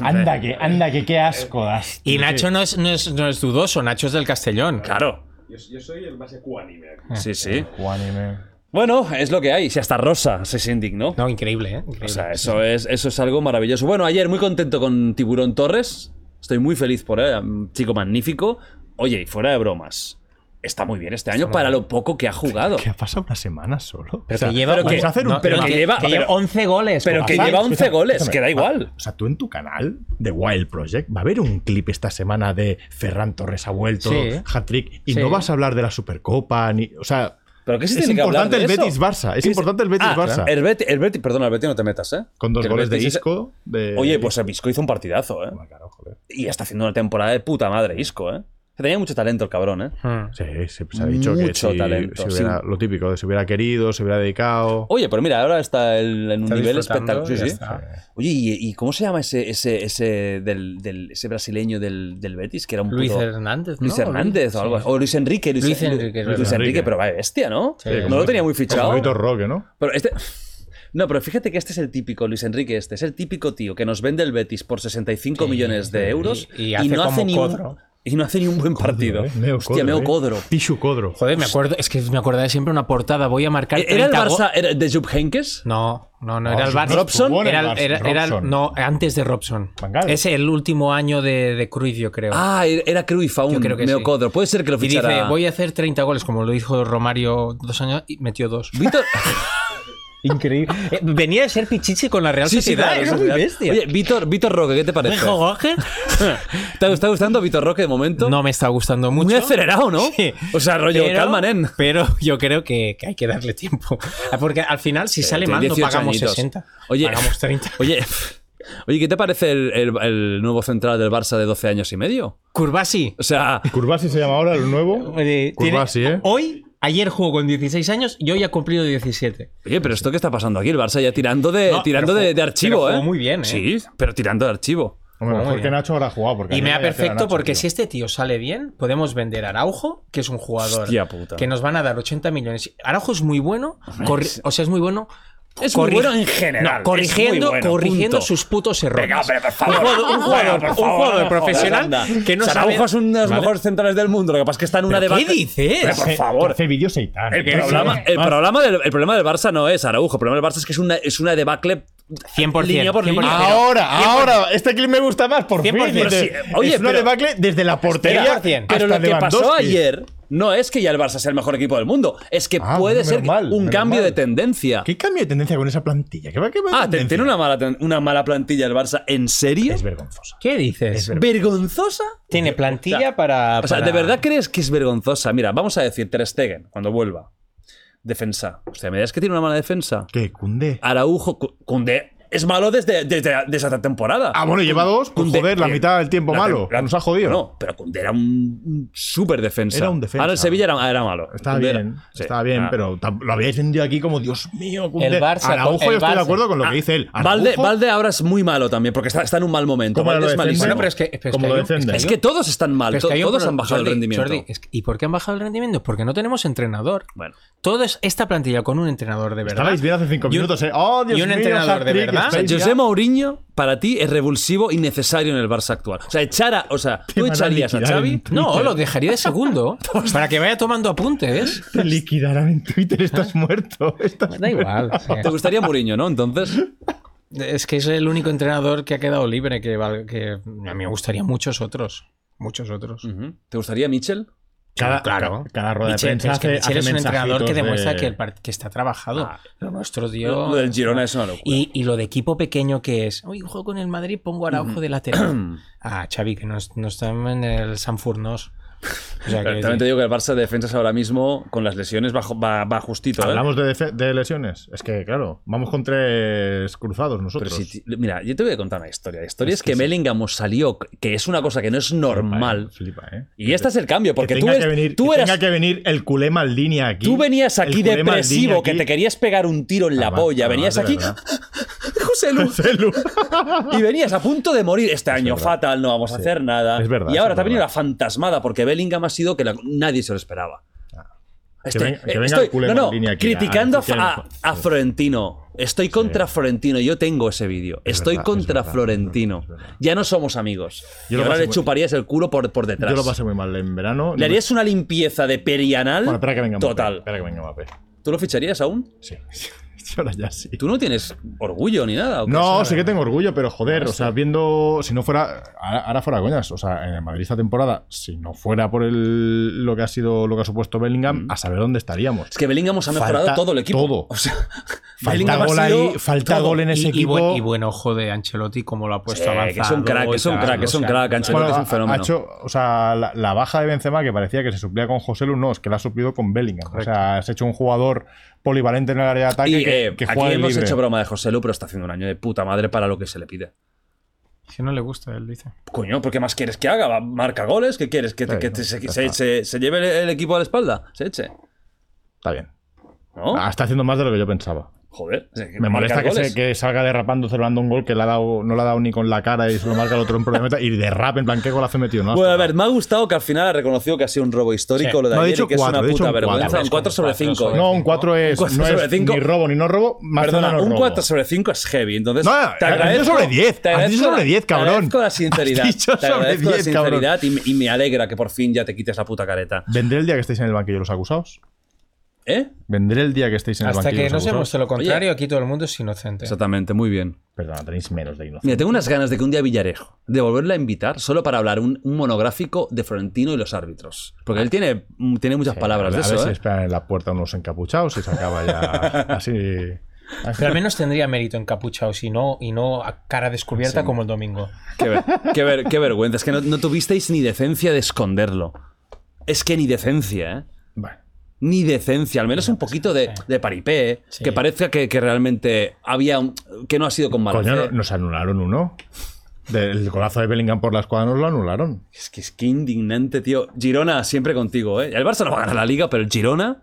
[SPEAKER 2] Anda que, anda que qué asco das.
[SPEAKER 3] Y Nacho no es, no, es, no es dudoso, Nacho es del Castellón.
[SPEAKER 1] Claro.
[SPEAKER 5] Yo, yo soy el más ecuánime aquí.
[SPEAKER 1] Sí, sí.
[SPEAKER 2] Juanime.
[SPEAKER 1] Bueno, es lo que hay. Si hasta Rosa se se indignó.
[SPEAKER 3] No, increíble, ¿eh? Increíble.
[SPEAKER 1] O sea, eso es, eso es algo maravilloso. Bueno, ayer muy contento con Tiburón Torres. Estoy muy feliz por él, un chico magnífico. Oye, y fuera de bromas, está muy bien este año para lo poco que ha jugado.
[SPEAKER 2] ¿Qué ha pasado una semana solo?
[SPEAKER 3] pero que lleva,
[SPEAKER 1] pero que-
[SPEAKER 3] vamos a hacer un-
[SPEAKER 1] no, pero
[SPEAKER 3] no,
[SPEAKER 1] que lleva- pero-
[SPEAKER 3] 11 goles.
[SPEAKER 1] pero que
[SPEAKER 3] papá.
[SPEAKER 1] lleva 11 goles, que da igual.
[SPEAKER 2] O sea, tú en tu canal de Wild Project va a haber un clip esta semana de Ferran Torres ha vuelto,
[SPEAKER 3] Sí.
[SPEAKER 2] hat-trick, y
[SPEAKER 3] Sí.
[SPEAKER 2] no vas a hablar de la Supercopa ni, o sea,
[SPEAKER 1] ¿Pero qué se
[SPEAKER 2] es
[SPEAKER 1] tiene que hablar
[SPEAKER 2] importante
[SPEAKER 1] de
[SPEAKER 2] el
[SPEAKER 1] eso?
[SPEAKER 2] Betis Barça, es importante el Betis
[SPEAKER 1] Ah,
[SPEAKER 2] Barça.
[SPEAKER 1] El Betis, el Betis- perdón, el Betis no te metas, ¿eh?
[SPEAKER 2] Con dos
[SPEAKER 1] Que el
[SPEAKER 2] goles de
[SPEAKER 1] Betis es-
[SPEAKER 2] Isco, de
[SPEAKER 1] Oye, pues el Isco hizo un partidazo, ¿eh?
[SPEAKER 2] Ah, claro, joder.
[SPEAKER 1] Y está haciendo una temporada de puta madre, Isco, ¿eh? Que Tenía mucho talento el cabrón, ¿eh?
[SPEAKER 3] Hmm.
[SPEAKER 2] Sí, sí, se ha dicho que
[SPEAKER 1] Mucho
[SPEAKER 2] si-
[SPEAKER 1] talento,
[SPEAKER 2] si hubiera-
[SPEAKER 1] sí.
[SPEAKER 2] lo típico, de si hubiera querido, se hubiera dedicado.
[SPEAKER 1] Oye, pero mira, ahora está el- en un
[SPEAKER 3] Está
[SPEAKER 1] nivel
[SPEAKER 3] disfrutando
[SPEAKER 1] espectacular. Sí,
[SPEAKER 3] y ya
[SPEAKER 1] sí.
[SPEAKER 3] está.
[SPEAKER 1] Oye, ¿y, y cómo se llama ese, ese, ese, del, del- ese brasileño del, del Betis? Que era un
[SPEAKER 3] Luis
[SPEAKER 1] puto-
[SPEAKER 3] Hernández, ¿no?
[SPEAKER 1] Luis Hernández o algo así. O Luis Enrique. Luis,
[SPEAKER 3] Luis Enrique, es
[SPEAKER 1] Luis
[SPEAKER 3] verdad.
[SPEAKER 1] Enrique, pero vaya bestia, ¿no?
[SPEAKER 3] Sí,
[SPEAKER 1] no
[SPEAKER 2] como-
[SPEAKER 1] lo tenía muy
[SPEAKER 2] Como
[SPEAKER 1] fichado.
[SPEAKER 2] Vitor Roque, ¿no?
[SPEAKER 1] Pero este... No, pero fíjate que este es el típico, Luis Enrique este, es el típico tío que nos vende el Betis por 65 millones de euros
[SPEAKER 3] y- y hace
[SPEAKER 1] no hace
[SPEAKER 3] como
[SPEAKER 1] ni un,
[SPEAKER 3] Codro.
[SPEAKER 1] y no hace ni un buen partido.
[SPEAKER 2] Eh, Neo
[SPEAKER 1] Hostia, Meo
[SPEAKER 2] eh.
[SPEAKER 1] Codro.
[SPEAKER 2] Pichu Codro.
[SPEAKER 3] Joder, me acuerdo, es que me acordaba siempre una portada, voy a marcar
[SPEAKER 1] ¿Era el
[SPEAKER 3] 30 go-
[SPEAKER 1] Barça era de Jupp Heynckes?
[SPEAKER 3] No, no, no,
[SPEAKER 2] No,
[SPEAKER 3] era el
[SPEAKER 2] Robson.
[SPEAKER 3] Barça.
[SPEAKER 2] Robson.
[SPEAKER 3] Era, el- era- era el-
[SPEAKER 2] Robson.
[SPEAKER 3] no, antes de Robson.
[SPEAKER 2] Van Gaal.
[SPEAKER 3] Es el último año de, de Cruyff, yo creo.
[SPEAKER 1] Ah, era era Cruyff aún,
[SPEAKER 3] Yo creo que
[SPEAKER 1] Meo
[SPEAKER 3] sí.
[SPEAKER 1] Codro. Puede ser que lo
[SPEAKER 3] y dice,
[SPEAKER 1] fichara...
[SPEAKER 3] voy a hacer 30 goles, como lo dijo Romario dos años, y metió dos.
[SPEAKER 1] Víctor...
[SPEAKER 3] Increíble. Eh, venía de ser pichichi con la Real
[SPEAKER 1] Sí, sí,
[SPEAKER 3] Sociedad,
[SPEAKER 1] claro,
[SPEAKER 3] era
[SPEAKER 1] eso es
[SPEAKER 3] muy
[SPEAKER 1] real.
[SPEAKER 3] bestia.
[SPEAKER 1] Oye, Víctor, Víctor Roque, ¿qué te parece?
[SPEAKER 3] ¿Dijo Goje?
[SPEAKER 1] ¿Te está gustando Víctor Roque de momento?
[SPEAKER 3] No me está gustando mucho.
[SPEAKER 1] Muy acelerado, ¿no?
[SPEAKER 3] Sí.
[SPEAKER 1] O sea, rollo,
[SPEAKER 3] Pero-
[SPEAKER 1] calma, nen.
[SPEAKER 3] Pero yo creo que, que hay que darle tiempo.
[SPEAKER 1] Ah,
[SPEAKER 3] Porque al final, si sale
[SPEAKER 1] tiene
[SPEAKER 3] mal, no
[SPEAKER 1] 18
[SPEAKER 3] pagamos
[SPEAKER 1] añitos.
[SPEAKER 3] 60.
[SPEAKER 1] Oye.
[SPEAKER 3] Pagamos 30.
[SPEAKER 1] Oye, oye, ¿qué te parece el, el- el nuevo central del Barça de 12 años y medio?
[SPEAKER 3] Curvasi.
[SPEAKER 1] O sea,
[SPEAKER 2] Curvasi se llama ahora el nuevo.
[SPEAKER 3] Eh, tiene-
[SPEAKER 2] Curvasi, ¿eh?
[SPEAKER 3] Hoy, ayer jugó con 16 años y hoy ha cumplido 17.
[SPEAKER 1] oye, pero esto qué está pasando aquí, el Barça ya tirando de,
[SPEAKER 3] No,
[SPEAKER 1] tirando
[SPEAKER 3] pero
[SPEAKER 1] de,
[SPEAKER 3] jugó-
[SPEAKER 1] de archivo,
[SPEAKER 3] pero
[SPEAKER 1] ¿eh?
[SPEAKER 3] jugó muy bien, ¿eh?
[SPEAKER 1] Sí, pero tirando de archivo.
[SPEAKER 2] Hombre,
[SPEAKER 3] Muy
[SPEAKER 2] mejor
[SPEAKER 3] bien.
[SPEAKER 2] que Nacho habrá jugado. Porque
[SPEAKER 3] Y
[SPEAKER 2] a mí
[SPEAKER 3] me da
[SPEAKER 2] ya queda
[SPEAKER 3] perfecto
[SPEAKER 2] Nacho,
[SPEAKER 3] porque
[SPEAKER 2] tío.
[SPEAKER 3] si este tío sale bien, podemos vender a Araujo, que es un jugador
[SPEAKER 1] Hostia puta.
[SPEAKER 3] que nos van a dar 80 millones. Araujo es muy bueno, corri- o sea, es muy bueno.
[SPEAKER 1] Es muy
[SPEAKER 3] corri-
[SPEAKER 1] bueno en general,
[SPEAKER 3] No, corrigiendo,
[SPEAKER 1] es muy bueno,
[SPEAKER 3] corrigiendo
[SPEAKER 1] punto.
[SPEAKER 3] sus putos errores.
[SPEAKER 1] Venga, hombre, por favor.
[SPEAKER 3] Un jugador, un jugador-
[SPEAKER 1] Venga, por
[SPEAKER 3] un
[SPEAKER 1] favor,
[SPEAKER 3] jugador
[SPEAKER 1] no jodas,
[SPEAKER 3] profesional
[SPEAKER 1] anda.
[SPEAKER 3] que no sabe.
[SPEAKER 1] Araujo es uno de los mejores centrales del mundo, lo que pasa es que está en una
[SPEAKER 3] ¿Pero
[SPEAKER 1] debacle.
[SPEAKER 3] ¿Qué dices?
[SPEAKER 1] Pero por
[SPEAKER 2] Hace-
[SPEAKER 1] favor.
[SPEAKER 2] Hace vídeos seitan.
[SPEAKER 1] El problema, el, problema del, el problema del Barça no es Araujo, el problema del Barça es que es una, es una debacle
[SPEAKER 3] 100%.
[SPEAKER 1] línea por línea.
[SPEAKER 3] pero-
[SPEAKER 2] Ahora, ahora, este clip me gusta más por fin.
[SPEAKER 3] 100%.
[SPEAKER 2] dice,
[SPEAKER 1] Pero sí, oye,
[SPEAKER 2] es una
[SPEAKER 1] pero-
[SPEAKER 2] debacle desde la portería.
[SPEAKER 3] 100%.
[SPEAKER 1] Pero
[SPEAKER 2] hasta
[SPEAKER 1] lo que pasó
[SPEAKER 2] Lewandowski.
[SPEAKER 1] ayer No es que ya el Barça sea el mejor equipo del mundo, es que
[SPEAKER 2] Ah,
[SPEAKER 1] puede
[SPEAKER 2] menos
[SPEAKER 1] ser
[SPEAKER 2] mal,
[SPEAKER 1] un
[SPEAKER 2] menos
[SPEAKER 1] cambio
[SPEAKER 2] mal.
[SPEAKER 1] de tendencia.
[SPEAKER 2] ¿Qué cambio de tendencia con esa plantilla? ¿Qué va, qué va de
[SPEAKER 1] Ah, te-
[SPEAKER 2] tendencia?
[SPEAKER 1] ¿tiene una mala, ten- una mala plantilla el Barça? ¿En serio?
[SPEAKER 2] Es vergonzosa.
[SPEAKER 3] ¿Qué dices?
[SPEAKER 1] ¿Vergonzosa?
[SPEAKER 3] Tiene plantilla para,
[SPEAKER 1] O sea, ¿de
[SPEAKER 3] para-
[SPEAKER 1] verdad crees que es vergonzosa? Mira, vamos a decir Ter Stegen cuando vuelva. Defensa. Hostia, ¿me dirás que tiene una mala defensa?
[SPEAKER 2] ¿Qué? ¿Cunde?
[SPEAKER 1] Araujo, Cu- Cundé es malo desde, desde, desde esa temporada.
[SPEAKER 2] Ah, bueno, lleva dos. Pues,
[SPEAKER 1] Koundé-
[SPEAKER 2] joder, la
[SPEAKER 1] eh,
[SPEAKER 2] mitad del tiempo
[SPEAKER 1] la
[SPEAKER 2] malo.
[SPEAKER 1] tem- la-
[SPEAKER 2] Nos ha jodido.
[SPEAKER 1] No, pero Cundé era un super defensa.
[SPEAKER 2] Era un defensa.
[SPEAKER 1] Ahora el Sevilla era, era malo.
[SPEAKER 2] Estaba
[SPEAKER 1] Koundé era-
[SPEAKER 2] bien,
[SPEAKER 1] sí,
[SPEAKER 2] estaba bien,
[SPEAKER 1] ah.
[SPEAKER 2] pero tam- lo habíais vendido aquí como Dios mío. Koundé.
[SPEAKER 3] El Barça-
[SPEAKER 2] Araujo,
[SPEAKER 3] el
[SPEAKER 2] yo estoy de
[SPEAKER 3] Barça-
[SPEAKER 2] acuerdo con lo
[SPEAKER 1] Ah,
[SPEAKER 2] que dice él.
[SPEAKER 1] Valde,
[SPEAKER 2] Araujo-
[SPEAKER 1] Valde ahora es muy malo también, porque está, está en un mal momento.
[SPEAKER 2] ¿Cómo
[SPEAKER 1] Valde
[SPEAKER 2] lo
[SPEAKER 1] es
[SPEAKER 2] defiende?
[SPEAKER 1] malísimo.
[SPEAKER 2] Bueno,
[SPEAKER 3] pero es que- pero es
[SPEAKER 2] Como
[SPEAKER 3] que
[SPEAKER 2] lo
[SPEAKER 3] hay un-
[SPEAKER 2] defiende.
[SPEAKER 1] Es que todos están mal,
[SPEAKER 3] Pero es
[SPEAKER 1] to-
[SPEAKER 3] que hay un
[SPEAKER 1] todos han
[SPEAKER 3] problema.
[SPEAKER 1] bajado el
[SPEAKER 3] Jordi,
[SPEAKER 1] rendimiento.
[SPEAKER 3] Jordi, es que- ¿Y por qué han bajado el rendimiento? Porque no tenemos entrenador.
[SPEAKER 1] Bueno.
[SPEAKER 3] Todo es esta plantilla con un entrenador de verdad.
[SPEAKER 2] Estabais bien hace cinco
[SPEAKER 3] Y un-
[SPEAKER 2] minutos, ¿eh? ¡Oh, Dios
[SPEAKER 3] y un
[SPEAKER 2] mío,
[SPEAKER 3] entrenador de
[SPEAKER 2] hat-trick,
[SPEAKER 3] verdad.
[SPEAKER 1] O sea,
[SPEAKER 2] estáis
[SPEAKER 1] José
[SPEAKER 2] ya-
[SPEAKER 1] Mourinho para ti es revulsivo y necesario en el Barça actual. O sea, echar a, o sea, tú
[SPEAKER 2] van a
[SPEAKER 1] echarías a
[SPEAKER 2] liquidar
[SPEAKER 1] Xavi.
[SPEAKER 2] en
[SPEAKER 3] No, lo dejaría de segundo para que vaya tomando apuntes.
[SPEAKER 2] Te liquidarán en Twitter, estás muerto. Estás...
[SPEAKER 3] Da igual. o sea,
[SPEAKER 1] Te gustaría Mourinho, ¿no? Entonces,
[SPEAKER 3] Es que es el único entrenador que ha quedado libre que, val- que a mí me gustaría muchos otros. Muchos otros.
[SPEAKER 1] ujú. ¿te gustaría Mitchell?
[SPEAKER 2] Cada,
[SPEAKER 3] Mm, claro.
[SPEAKER 2] Cada rueda
[SPEAKER 3] Michel-
[SPEAKER 2] de prensa
[SPEAKER 3] es que
[SPEAKER 2] hace- hace
[SPEAKER 3] Michel es un entrenador que
[SPEAKER 2] mensajitos
[SPEAKER 3] demuestra
[SPEAKER 2] de-
[SPEAKER 3] que, el par- que está trabajado. Ah. lo nuestro, tío.
[SPEAKER 1] Lo, lo del Girona es una locura.
[SPEAKER 3] Y, y lo de equipo pequeño que es. Uy, juego con el Madrid, pongo Araujo de lateral. ah, Xavi, que no, es- no está en el Sanfurnos. O sea,
[SPEAKER 1] Pero
[SPEAKER 3] que-
[SPEAKER 1] también te digo que el Barça de defensas ahora mismo, con las lesiones, va, jo- va- va justito. ¿eh?
[SPEAKER 2] Hablamos de, defe- de lesiones. Es que, claro, vamos con tres cruzados
[SPEAKER 1] Pero
[SPEAKER 2] nosotros.
[SPEAKER 1] si ti- mira, yo te voy a contar una historia. La historia es, que, Bellingham os salió, que es una cosa que no es normal.
[SPEAKER 2] Flipa, ¿eh?
[SPEAKER 1] Y este es el cambio, porque
[SPEAKER 2] que
[SPEAKER 1] tú,
[SPEAKER 2] tenga
[SPEAKER 1] es-
[SPEAKER 2] que venir,
[SPEAKER 1] tú
[SPEAKER 2] que
[SPEAKER 1] eras
[SPEAKER 2] tenga que venir el culé mal línea aquí.
[SPEAKER 1] Tú venías aquí
[SPEAKER 2] el culé Maldini
[SPEAKER 1] depresivo,
[SPEAKER 2] aquí.
[SPEAKER 1] que te querías pegar un tiro en la
[SPEAKER 2] Además-
[SPEAKER 1] polla.
[SPEAKER 2] además
[SPEAKER 1] Venías
[SPEAKER 2] de
[SPEAKER 1] aquí,
[SPEAKER 2] verdad.
[SPEAKER 1] José Lu,
[SPEAKER 2] Celu.
[SPEAKER 1] y venías a punto de morir. Este año
[SPEAKER 2] verdad.
[SPEAKER 1] fatal, no vamos a
[SPEAKER 2] Sí.
[SPEAKER 1] hacer nada.
[SPEAKER 2] Es verdad,
[SPEAKER 1] Y
[SPEAKER 2] es
[SPEAKER 1] ahora te ha
[SPEAKER 2] verdad.
[SPEAKER 1] venido la fantasmada, porque Bellingham ha sido que la- nadie se lo esperaba. Este-
[SPEAKER 2] venga- Ah. que
[SPEAKER 1] eh,
[SPEAKER 2] venga
[SPEAKER 1] estoy-
[SPEAKER 2] el culé
[SPEAKER 1] no, no,
[SPEAKER 2] Maldini aquí,
[SPEAKER 1] criticando
[SPEAKER 2] a-
[SPEAKER 1] a, a- a
[SPEAKER 2] Sí.
[SPEAKER 1] Florentino. Estoy contra Florentino, yo tengo ese vídeo. Estoy
[SPEAKER 2] verdad, es
[SPEAKER 1] contra
[SPEAKER 2] verdad, es
[SPEAKER 1] Florentino.
[SPEAKER 2] verdad, es verdad.
[SPEAKER 1] Ya no somos amigos. y
[SPEAKER 2] Yo lo
[SPEAKER 1] ahora
[SPEAKER 2] pasé
[SPEAKER 1] le
[SPEAKER 2] muy-
[SPEAKER 1] chuparías el culo por, por detrás.
[SPEAKER 2] Yo lo pasé muy mal en verano.
[SPEAKER 1] Le harías una limpieza de perianal
[SPEAKER 2] Bueno, espera que venga Mbappé,
[SPEAKER 1] total.
[SPEAKER 2] Espera que venga Mbappé.
[SPEAKER 1] ¿Tú lo ficharías aún?
[SPEAKER 2] Sí. Ahora ya sí.
[SPEAKER 1] Tú no tienes orgullo ni nada. ¿o qué?
[SPEAKER 2] No, sí que tengo orgullo, pero joder, o sea, viendo, si no fuera, ahora ahora fuera coñas, o sea, en el Madrid esta temporada, si no fuera por el, lo que ha sido, lo que ha supuesto Bellingham, a saber dónde estaríamos.
[SPEAKER 1] Mm. Es que Bellingham os ha mejorado
[SPEAKER 2] Falta
[SPEAKER 1] todo el equipo.
[SPEAKER 2] todo.
[SPEAKER 1] O sea,
[SPEAKER 2] Falta
[SPEAKER 1] ha
[SPEAKER 2] gol
[SPEAKER 1] sido
[SPEAKER 2] ahí, falta
[SPEAKER 1] todo.
[SPEAKER 2] gol en
[SPEAKER 3] y-
[SPEAKER 2] ese
[SPEAKER 3] y,
[SPEAKER 2] equipo.
[SPEAKER 3] buen, y buen ojo de Ancelotti, como lo ha puesto
[SPEAKER 1] Sí,
[SPEAKER 3] avanzado.
[SPEAKER 1] Eh, que es un crack, es un
[SPEAKER 3] y tal,
[SPEAKER 1] crack, es
[SPEAKER 3] o
[SPEAKER 1] un
[SPEAKER 3] sea,
[SPEAKER 1] crack, Ancelotti. Creo
[SPEAKER 2] Bueno,
[SPEAKER 1] que es un
[SPEAKER 2] ha-
[SPEAKER 1] fenómeno.
[SPEAKER 2] ha hecho- o sea, la, la baja de Benzema que parecía que se suplía con José Lu, no, es que la ha suplido con Bellingham. O sea, has hecho un jugador polivalente en el área de ataque
[SPEAKER 1] Y,
[SPEAKER 2] que,
[SPEAKER 1] eh,
[SPEAKER 2] que
[SPEAKER 1] aquí
[SPEAKER 2] juega de
[SPEAKER 1] hemos
[SPEAKER 2] libre.
[SPEAKER 1] hecho broma de José Lu, pero está haciendo un año de puta madre para lo que se le pide.
[SPEAKER 3] Que no le gusta, él dice.
[SPEAKER 1] Coño, ¿por qué más quieres que haga? Va- ¿Marca goles? ¿Qué quieres? ¿Que, te-
[SPEAKER 2] Sí,
[SPEAKER 1] que
[SPEAKER 2] no,
[SPEAKER 1] te- se,
[SPEAKER 2] ya
[SPEAKER 1] se-
[SPEAKER 2] está.
[SPEAKER 1] se- se lleve el, el equipo a la espalda? ¿Se eche?
[SPEAKER 2] Está bien.
[SPEAKER 1] ¿No?
[SPEAKER 2] Ah, está haciendo más de lo que yo pensaba.
[SPEAKER 1] Joder. o sea, que
[SPEAKER 2] Me
[SPEAKER 1] marca
[SPEAKER 2] molesta que,
[SPEAKER 1] goles.
[SPEAKER 2] se- que salga derrapando, celebrando un gol que le ha dado, no le ha dado ni con la cara y se lo marca el otro en propia meta y derrapa en plan, ¿qué gol hace metido? No,
[SPEAKER 1] Bueno, a ver, me ha gustado que al final ha reconocido que ha sido un robo histórico lo de
[SPEAKER 2] No, he
[SPEAKER 1] ayer
[SPEAKER 2] dicho
[SPEAKER 1] y que
[SPEAKER 2] cuatro,
[SPEAKER 1] es
[SPEAKER 2] he
[SPEAKER 1] una
[SPEAKER 2] dicho
[SPEAKER 1] puta
[SPEAKER 2] un cuatro.
[SPEAKER 1] vergüenza. Un 4 sobre ¿eh?
[SPEAKER 3] Cuatro
[SPEAKER 1] 5.
[SPEAKER 3] sobre
[SPEAKER 2] No, un 4 es,
[SPEAKER 1] Un cuatro
[SPEAKER 2] no
[SPEAKER 1] sobre
[SPEAKER 2] es
[SPEAKER 1] cinco.
[SPEAKER 2] ni robo ni no robo, más
[SPEAKER 1] Perdona,
[SPEAKER 2] zona no
[SPEAKER 1] un
[SPEAKER 2] robo.
[SPEAKER 1] 4 sobre 5 es heavy, entonces
[SPEAKER 2] No, no,
[SPEAKER 1] te
[SPEAKER 2] has dicho
[SPEAKER 1] agradezco
[SPEAKER 2] sobre 10,
[SPEAKER 1] te
[SPEAKER 2] has
[SPEAKER 1] agradezco
[SPEAKER 2] dicho sobre
[SPEAKER 1] la-
[SPEAKER 2] 10,
[SPEAKER 1] Te
[SPEAKER 2] cabrón.
[SPEAKER 1] agradezco la
[SPEAKER 2] Has
[SPEAKER 1] sinceridad.
[SPEAKER 2] dicho
[SPEAKER 1] te
[SPEAKER 2] sobre
[SPEAKER 1] agradezco
[SPEAKER 2] 10,
[SPEAKER 1] la
[SPEAKER 2] cabrón.
[SPEAKER 1] sinceridad y, me- y me alegra que por fin ya te quites la puta careta.
[SPEAKER 2] ¿Vendré el día que estéis en el banquillo los acusados?
[SPEAKER 1] ¿eh?
[SPEAKER 2] ¿Vendré el día que estéis en el
[SPEAKER 3] Hasta
[SPEAKER 2] banquillo
[SPEAKER 3] que no
[SPEAKER 2] los
[SPEAKER 3] se
[SPEAKER 2] acusados?
[SPEAKER 3] muestre lo contrario, aquí todo el mundo es inocente.
[SPEAKER 1] Exactamente, muy bien.
[SPEAKER 2] Perdona, tenéis menos de inocente.
[SPEAKER 1] Mira, tengo unas ganas de que un día Villarejo, de volverla a invitar, solo para hablar un, un monográfico de Florentino y los árbitros. Porque él tiene, mm, tiene muchas palabras
[SPEAKER 2] a
[SPEAKER 1] de
[SPEAKER 2] ver,
[SPEAKER 1] eso,
[SPEAKER 2] si
[SPEAKER 1] ¿eh?
[SPEAKER 2] esperan en la puerta unos encapuchados y se acaba ya así.
[SPEAKER 3] Pero al menos tendría mérito encapuchado y no, y no a cara descubierta como el domingo.
[SPEAKER 1] Qué, ver- qué ver- qué vergüenza. Es que no, no tuvisteis ni decencia de esconderlo. Es que ni decencia, ¿eh?
[SPEAKER 2] Bueno,
[SPEAKER 1] ni decencia, al menos un poquito de, de paripé, ¿eh? que parezca que, que realmente había un- que no ha sido con mala
[SPEAKER 2] coño, no-
[SPEAKER 1] fe.
[SPEAKER 2] nos anularon uno. Del golazo de Bellingham por la escuadra nos lo anularon.
[SPEAKER 1] Es que es que indignante, tío. Girona siempre contigo, ¿eh? El Barça no va a ganar la liga, pero el Girona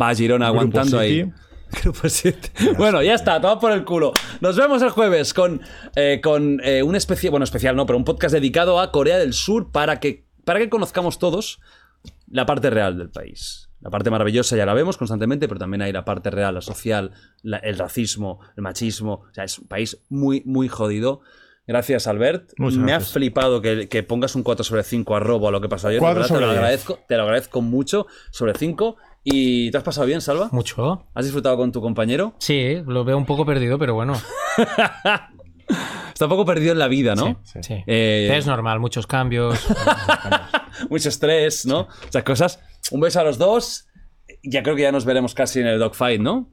[SPEAKER 1] va a Girona
[SPEAKER 2] Grupo
[SPEAKER 1] aguantando
[SPEAKER 2] City.
[SPEAKER 1] ahí. Grupo City. Bueno, ya está, todo por el culo. Nos vemos el jueves con, eh, con eh, un especial, bueno, especial no, pero un podcast dedicado a Corea del Sur para que, para que conozcamos todos la parte real del país. La parte maravillosa ya la vemos constantemente, pero también hay la parte real, la social, la- el racismo, el machismo. O sea, es un país muy, muy jodido. Gracias, Albert.
[SPEAKER 2] Muchas
[SPEAKER 1] Me
[SPEAKER 2] gracias.
[SPEAKER 1] ha flipado que, que pongas un 4 sobre 5 a robo a lo que pasó ayer. de
[SPEAKER 2] 4
[SPEAKER 1] verdad, te,
[SPEAKER 2] sobre
[SPEAKER 1] lo
[SPEAKER 2] 10.
[SPEAKER 1] agradezco, te lo agradezco mucho, sobre 5. ¿Y te has pasado bien, Salva?
[SPEAKER 3] Mucho.
[SPEAKER 1] ¿Has disfrutado con tu compañero?
[SPEAKER 3] Sí, lo veo un poco perdido, pero bueno.
[SPEAKER 1] Está un poco perdido en la vida, ¿no?
[SPEAKER 3] Sí.
[SPEAKER 1] Eh,
[SPEAKER 3] Es normal, muchos cambios.
[SPEAKER 1] mucho estrés, ¿no? Esas cosas. Un beso a los dos. Ya creo que ya nos veremos casi en el dogfight, ¿no?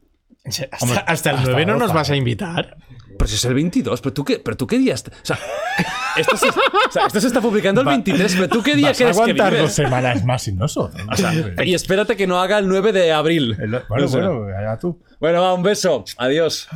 [SPEAKER 3] Hasta, hasta el 9 no nos vas a invitar.
[SPEAKER 1] Pero si es el 22, pero tú qué, pero tú qué día. est- O sea, esto se, o sea, esto se está publicando el 23, pero tú qué día
[SPEAKER 2] Vas a
[SPEAKER 1] crees que
[SPEAKER 2] aguantar dos
[SPEAKER 1] vives?
[SPEAKER 2] semanas más sin nosotros. O sea,
[SPEAKER 1] Y espérate que no haga el 9 de abril.
[SPEAKER 2] el- bueno,
[SPEAKER 1] O sea,
[SPEAKER 2] bueno, allá tú.
[SPEAKER 1] Bueno, va, un beso. Adiós.